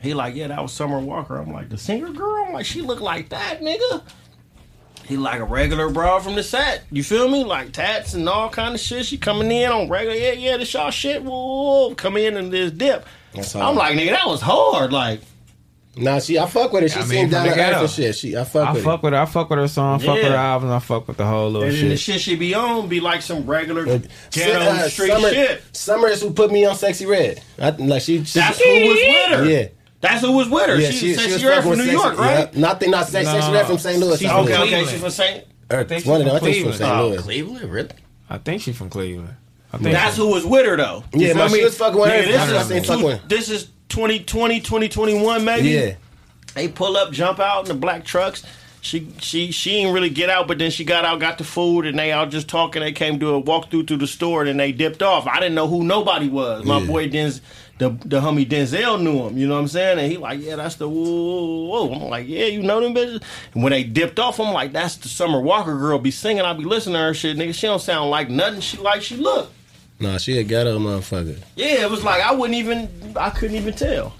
[SPEAKER 3] He like, yeah, that was Summer Walker. I'm like, the singer girl. I'm like, she look like that, nigga. He like a regular bra from the set. You feel me? Like tats and all kind of shit. She coming in on regular. Yeah, yeah, this y'all shit. Whoa, whoa, whoa. come in and this dip.
[SPEAKER 2] That's hard.
[SPEAKER 3] I'm like, nigga, that was hard. Like,
[SPEAKER 2] Nah, she. I fuck with her. She
[SPEAKER 1] I mean,
[SPEAKER 2] seemed
[SPEAKER 1] from
[SPEAKER 2] down
[SPEAKER 1] the
[SPEAKER 2] to earth
[SPEAKER 1] ghetto.
[SPEAKER 2] and shit. She. I fuck
[SPEAKER 1] I
[SPEAKER 2] with.
[SPEAKER 1] fuck with her. I fuck with her song. I fuck with her
[SPEAKER 3] Yeah.
[SPEAKER 1] album. I fuck with the whole
[SPEAKER 2] Oh,
[SPEAKER 1] little
[SPEAKER 3] and then the
[SPEAKER 1] shit.
[SPEAKER 3] shit she be on be like some regular
[SPEAKER 2] her.
[SPEAKER 3] ghetto
[SPEAKER 2] Uh,
[SPEAKER 3] street
[SPEAKER 2] Summer,
[SPEAKER 3] shit.
[SPEAKER 2] Summer is who put me on Sexy Red. I, like she, she.
[SPEAKER 3] That's who was with her.
[SPEAKER 2] Yeah.
[SPEAKER 3] That's who was with her.
[SPEAKER 2] Yeah,
[SPEAKER 3] She's
[SPEAKER 2] she-
[SPEAKER 3] she,
[SPEAKER 2] she was
[SPEAKER 3] sexy red
[SPEAKER 2] fucking
[SPEAKER 3] from
[SPEAKER 2] with
[SPEAKER 3] New
[SPEAKER 2] Sexy-
[SPEAKER 3] York, right?
[SPEAKER 2] yeah. Not- I think not Sex-
[SPEAKER 1] No,
[SPEAKER 2] Sexy
[SPEAKER 1] no,
[SPEAKER 2] Red
[SPEAKER 1] no.
[SPEAKER 2] from St. Louis,
[SPEAKER 1] She's
[SPEAKER 2] I
[SPEAKER 1] from
[SPEAKER 3] Okay, okay,
[SPEAKER 1] Cleveland.
[SPEAKER 3] she's from St.
[SPEAKER 2] Or
[SPEAKER 1] think she's
[SPEAKER 2] one of them. I
[SPEAKER 1] from
[SPEAKER 2] think she
[SPEAKER 1] Cleveland.
[SPEAKER 2] was from St.
[SPEAKER 1] Oh,
[SPEAKER 2] Louis.
[SPEAKER 4] Cleveland, really?
[SPEAKER 1] I think she's from Cleveland. I think
[SPEAKER 3] That's who was with her though.
[SPEAKER 2] Yeah, man,
[SPEAKER 3] You feel
[SPEAKER 2] she
[SPEAKER 3] me?
[SPEAKER 2] was fucking with her.
[SPEAKER 3] Nigga,
[SPEAKER 2] I remember
[SPEAKER 3] This
[SPEAKER 2] saying
[SPEAKER 3] is,
[SPEAKER 2] fuck with her.
[SPEAKER 3] two, this is 2020, 2021 maybe.
[SPEAKER 2] Yeah.
[SPEAKER 3] They pull up, jump out in the black trucks. She she she didn't really get out, but then she got out, got the food, and they all just talking. They came to a walk through through the store, and then they dipped off. I didn't know who nobody was. My boy Denz the the homie Denzel knew him. You know what I'm saying? And he like, yeah, that's the whoa, whoa, whoa. I'm like, yeah, you know them bitches. And when they dipped off, I'm like, that's the Summer Walker girl. Be singing, I be listening to her shit, nigga. She don't sound like nothing. She like she look.
[SPEAKER 2] Nah, she a ghetto motherfucker.
[SPEAKER 3] Yeah, it was like I wouldn't even, I couldn't even tell.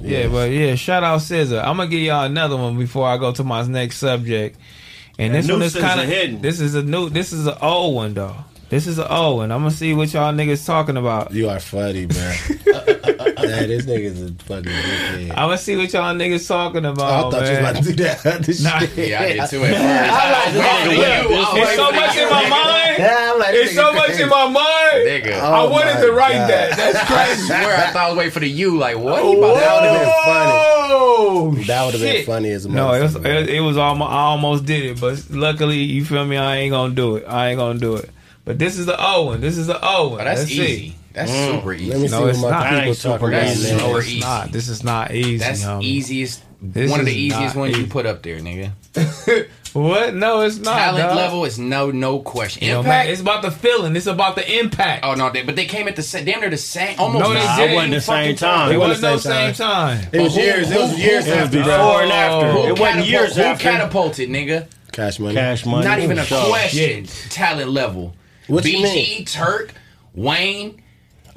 [SPEAKER 1] Yeah, but yeah, shout out Scissor. I'm gonna give y'all another one before I go to my next subject. And
[SPEAKER 3] Yeah,
[SPEAKER 1] this
[SPEAKER 3] new
[SPEAKER 1] one is
[SPEAKER 3] scissor
[SPEAKER 1] kind of
[SPEAKER 3] hidden.
[SPEAKER 1] this is a new this is an old one though. This is an old one. I'm gonna see what y'all niggas talking about.
[SPEAKER 2] You are funny, man. Nah, this nigga's a fucking dickhead.
[SPEAKER 1] I'm gonna see what y'all niggas talking about.
[SPEAKER 2] Oh, I thought you was
[SPEAKER 1] man.
[SPEAKER 2] about to do that. This
[SPEAKER 1] Nah.
[SPEAKER 2] shit.
[SPEAKER 1] Yeah, I did too at first.
[SPEAKER 2] I'm like,
[SPEAKER 1] Oh,
[SPEAKER 2] this
[SPEAKER 1] yeah.
[SPEAKER 2] nigga-
[SPEAKER 1] It's so much in my mind.
[SPEAKER 2] Yeah, I'm like,
[SPEAKER 1] It's so much in my mind.
[SPEAKER 4] Nigga.
[SPEAKER 2] Oh,
[SPEAKER 1] I wanted to write that. That's crazy.
[SPEAKER 4] I swear I thought I was waiting for the you. Like, what? He about
[SPEAKER 2] That would
[SPEAKER 4] to-
[SPEAKER 2] have been funny.
[SPEAKER 1] Oh,
[SPEAKER 2] That would have been
[SPEAKER 1] shit.
[SPEAKER 2] funny as a
[SPEAKER 1] No, it was,
[SPEAKER 2] motherfucker.
[SPEAKER 1] it, it was almost, I almost did it, but luckily, you feel me? I ain't gonna do it. I ain't gonna do it. But this is the O one. This is the O one.
[SPEAKER 4] Oh, that's
[SPEAKER 1] Let's
[SPEAKER 4] easy.
[SPEAKER 1] See.
[SPEAKER 4] That's
[SPEAKER 1] Mm.
[SPEAKER 4] super easy.
[SPEAKER 2] Let me see
[SPEAKER 1] No,
[SPEAKER 2] what
[SPEAKER 1] it's
[SPEAKER 2] my
[SPEAKER 1] not.
[SPEAKER 2] people
[SPEAKER 1] That ain't
[SPEAKER 2] talking
[SPEAKER 1] super
[SPEAKER 2] about.
[SPEAKER 4] easy.
[SPEAKER 2] man.
[SPEAKER 4] Super
[SPEAKER 1] It's
[SPEAKER 4] easy.
[SPEAKER 1] not. This is not easy.
[SPEAKER 4] That's
[SPEAKER 1] homie.
[SPEAKER 4] easiest.
[SPEAKER 1] This
[SPEAKER 4] one of the
[SPEAKER 1] is
[SPEAKER 4] easiest
[SPEAKER 1] not
[SPEAKER 4] ones you
[SPEAKER 1] easy.
[SPEAKER 4] put up there, nigga.
[SPEAKER 1] What? No, it's not.
[SPEAKER 4] Talent
[SPEAKER 1] dog.
[SPEAKER 4] level is no, no question.
[SPEAKER 1] You know,
[SPEAKER 4] Impact.
[SPEAKER 1] man, it's about the feeling. It's about the impact.
[SPEAKER 4] oh no, they, but they came at the same. Damn, they're the same. Almost.
[SPEAKER 1] No, they
[SPEAKER 4] the
[SPEAKER 1] Nah, it
[SPEAKER 4] same
[SPEAKER 1] wasn't
[SPEAKER 3] the same
[SPEAKER 4] fucking
[SPEAKER 3] time.
[SPEAKER 1] It
[SPEAKER 3] It
[SPEAKER 1] was no
[SPEAKER 2] wasn't the
[SPEAKER 1] same
[SPEAKER 2] same
[SPEAKER 1] time.
[SPEAKER 2] It was
[SPEAKER 4] Who-
[SPEAKER 2] years. It was
[SPEAKER 4] who-
[SPEAKER 2] years
[SPEAKER 4] who-
[SPEAKER 2] after
[SPEAKER 3] Before
[SPEAKER 2] that.
[SPEAKER 3] and
[SPEAKER 4] Who
[SPEAKER 3] after, it wasn't
[SPEAKER 4] catapult-
[SPEAKER 3] years
[SPEAKER 4] who
[SPEAKER 3] after.
[SPEAKER 4] catapulted, nigga?
[SPEAKER 2] Cash money.
[SPEAKER 3] Cash money.
[SPEAKER 4] Not even a
[SPEAKER 3] Sure.
[SPEAKER 4] question. Talent level.
[SPEAKER 2] What you
[SPEAKER 4] BG,
[SPEAKER 2] mean?
[SPEAKER 4] Turk, Wayne.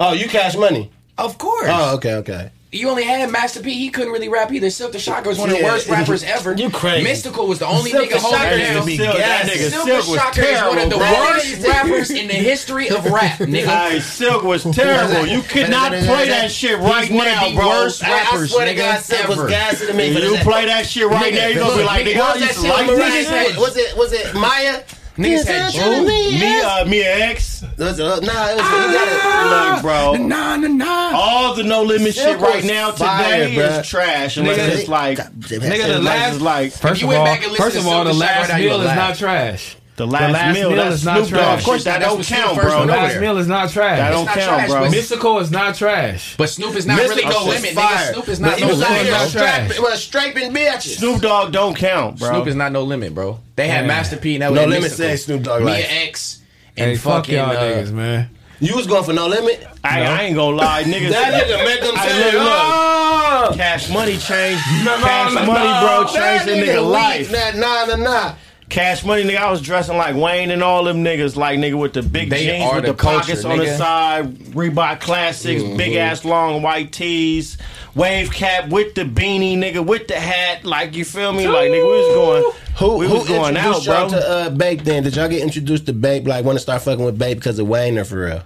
[SPEAKER 2] Oh, you cash money.
[SPEAKER 4] Of course.
[SPEAKER 2] Oh, okay, okay.
[SPEAKER 4] You only had Master P. He couldn't really rap either. Silk the Shocker was one of the
[SPEAKER 2] Yeah.
[SPEAKER 4] worst rappers ever.
[SPEAKER 2] You crazy.
[SPEAKER 4] Mystical was the only
[SPEAKER 2] Silk
[SPEAKER 4] nigga
[SPEAKER 2] the
[SPEAKER 4] holding
[SPEAKER 2] Shocker
[SPEAKER 4] it
[SPEAKER 2] used to
[SPEAKER 4] down.
[SPEAKER 2] be gas.
[SPEAKER 4] Silk,
[SPEAKER 3] Nigga, Silk
[SPEAKER 4] the
[SPEAKER 3] was
[SPEAKER 4] Shocker is one of the
[SPEAKER 3] terrible, bro.
[SPEAKER 4] worst rappers in the history of rap, nigga.
[SPEAKER 3] Hey, Silk was terrible. You could not play that shit right
[SPEAKER 2] He's one of
[SPEAKER 3] now,
[SPEAKER 2] the
[SPEAKER 3] bro.
[SPEAKER 2] worst
[SPEAKER 3] I- I
[SPEAKER 2] rappers,
[SPEAKER 3] swear to
[SPEAKER 2] nigga.
[SPEAKER 3] God,
[SPEAKER 2] Silk was
[SPEAKER 4] ever.
[SPEAKER 2] gassing to me for
[SPEAKER 3] If you
[SPEAKER 2] this-
[SPEAKER 3] play that shit right
[SPEAKER 2] Nigga,
[SPEAKER 3] now, you gonna be
[SPEAKER 2] look,
[SPEAKER 3] like,
[SPEAKER 2] nigga,
[SPEAKER 3] nigga, I
[SPEAKER 2] what was
[SPEAKER 3] used to
[SPEAKER 2] that
[SPEAKER 3] like
[SPEAKER 2] shit
[SPEAKER 3] this
[SPEAKER 2] Mariah
[SPEAKER 3] shit.
[SPEAKER 2] said? Was it was it Maya?
[SPEAKER 4] Niggas had June.
[SPEAKER 3] Me, uh, me and X.
[SPEAKER 2] Was it, uh, nah, it was. you got it.
[SPEAKER 3] Look, bro.
[SPEAKER 4] Nah, nah, nah.
[SPEAKER 3] All the no limit
[SPEAKER 2] Silk
[SPEAKER 3] shit right
[SPEAKER 2] was
[SPEAKER 3] now
[SPEAKER 2] fire,
[SPEAKER 3] today
[SPEAKER 2] bruh.
[SPEAKER 3] is trash. Unless
[SPEAKER 1] Nigga,
[SPEAKER 3] it's like,
[SPEAKER 2] God damn it.
[SPEAKER 1] Nigga, the
[SPEAKER 3] unless
[SPEAKER 1] last
[SPEAKER 3] it's like
[SPEAKER 1] First
[SPEAKER 4] you
[SPEAKER 1] of
[SPEAKER 4] went
[SPEAKER 1] all,
[SPEAKER 4] back and listened
[SPEAKER 1] first
[SPEAKER 4] to
[SPEAKER 1] of all, the
[SPEAKER 4] Silk the Shocker,
[SPEAKER 1] last
[SPEAKER 4] now you
[SPEAKER 1] meal is
[SPEAKER 4] laugh.
[SPEAKER 1] not trash.
[SPEAKER 3] the last, meal. that's
[SPEAKER 1] is not
[SPEAKER 3] Snoop Dogg.
[SPEAKER 1] trash.
[SPEAKER 3] Of course, that
[SPEAKER 4] That's
[SPEAKER 3] don't
[SPEAKER 4] what Snoop
[SPEAKER 3] count,
[SPEAKER 4] first
[SPEAKER 3] bro.
[SPEAKER 4] went
[SPEAKER 1] The
[SPEAKER 4] over
[SPEAKER 1] last
[SPEAKER 4] there.
[SPEAKER 1] meal is not
[SPEAKER 3] That
[SPEAKER 1] trash.
[SPEAKER 3] don't
[SPEAKER 4] not
[SPEAKER 3] count,
[SPEAKER 4] trash,
[SPEAKER 3] bro.
[SPEAKER 4] but Miss-
[SPEAKER 1] Mystical is not trash.
[SPEAKER 4] But Snoop is not really
[SPEAKER 2] Mystical
[SPEAKER 4] no
[SPEAKER 2] was
[SPEAKER 4] limit, nigga.
[SPEAKER 2] fire.
[SPEAKER 4] Snoop is
[SPEAKER 2] But
[SPEAKER 4] not
[SPEAKER 2] he
[SPEAKER 4] no
[SPEAKER 2] was out
[SPEAKER 4] limit.
[SPEAKER 2] here
[SPEAKER 1] Mystical was trash.
[SPEAKER 2] strapping- was striping bitches.
[SPEAKER 3] Snoop Dogg don't count, bro.
[SPEAKER 4] Snoop is not no limit, bro. They had
[SPEAKER 1] Yeah.
[SPEAKER 4] Master P. And that
[SPEAKER 2] No
[SPEAKER 4] was
[SPEAKER 2] Limit
[SPEAKER 4] Mystical.
[SPEAKER 2] said Snoop Dogg
[SPEAKER 4] Mia
[SPEAKER 2] life.
[SPEAKER 4] X and
[SPEAKER 1] Hey, fuck
[SPEAKER 4] fucking
[SPEAKER 1] y'all
[SPEAKER 4] uh,
[SPEAKER 1] niggas, man.
[SPEAKER 2] You was going for no limit.
[SPEAKER 3] I, I ain't gonna lie, niggas.
[SPEAKER 2] That nigga make them
[SPEAKER 3] I
[SPEAKER 2] say,
[SPEAKER 3] look, look.
[SPEAKER 2] "Oh,
[SPEAKER 3] Cash money changed.
[SPEAKER 1] No, no,
[SPEAKER 3] Cash
[SPEAKER 1] no,
[SPEAKER 3] money,
[SPEAKER 1] no.
[SPEAKER 3] bro,
[SPEAKER 2] that
[SPEAKER 3] changed the
[SPEAKER 2] nigga
[SPEAKER 3] nigga
[SPEAKER 2] weak,
[SPEAKER 3] life.
[SPEAKER 2] That nah, nah, nah.
[SPEAKER 3] Cash money, nigga. I was dressing like Wayne and all them niggas, like nigga with the big
[SPEAKER 4] They
[SPEAKER 3] jeans
[SPEAKER 4] are
[SPEAKER 3] with
[SPEAKER 4] the
[SPEAKER 3] the,
[SPEAKER 4] culture,
[SPEAKER 3] pockets on the
[SPEAKER 4] nigga. Mm-hmm.
[SPEAKER 3] side, Reebok classics, big ass long white tees, wave cap with the beanie, nigga with the hat. Like you feel me? Like nigga, we was going.
[SPEAKER 2] Who,
[SPEAKER 3] we
[SPEAKER 2] who
[SPEAKER 3] was going out,
[SPEAKER 2] introduced y'all
[SPEAKER 3] bro?
[SPEAKER 2] to uh, Bape then? Did y'all get introduced to Bape? Like, want to start fucking with Bape because of Wayne or for real?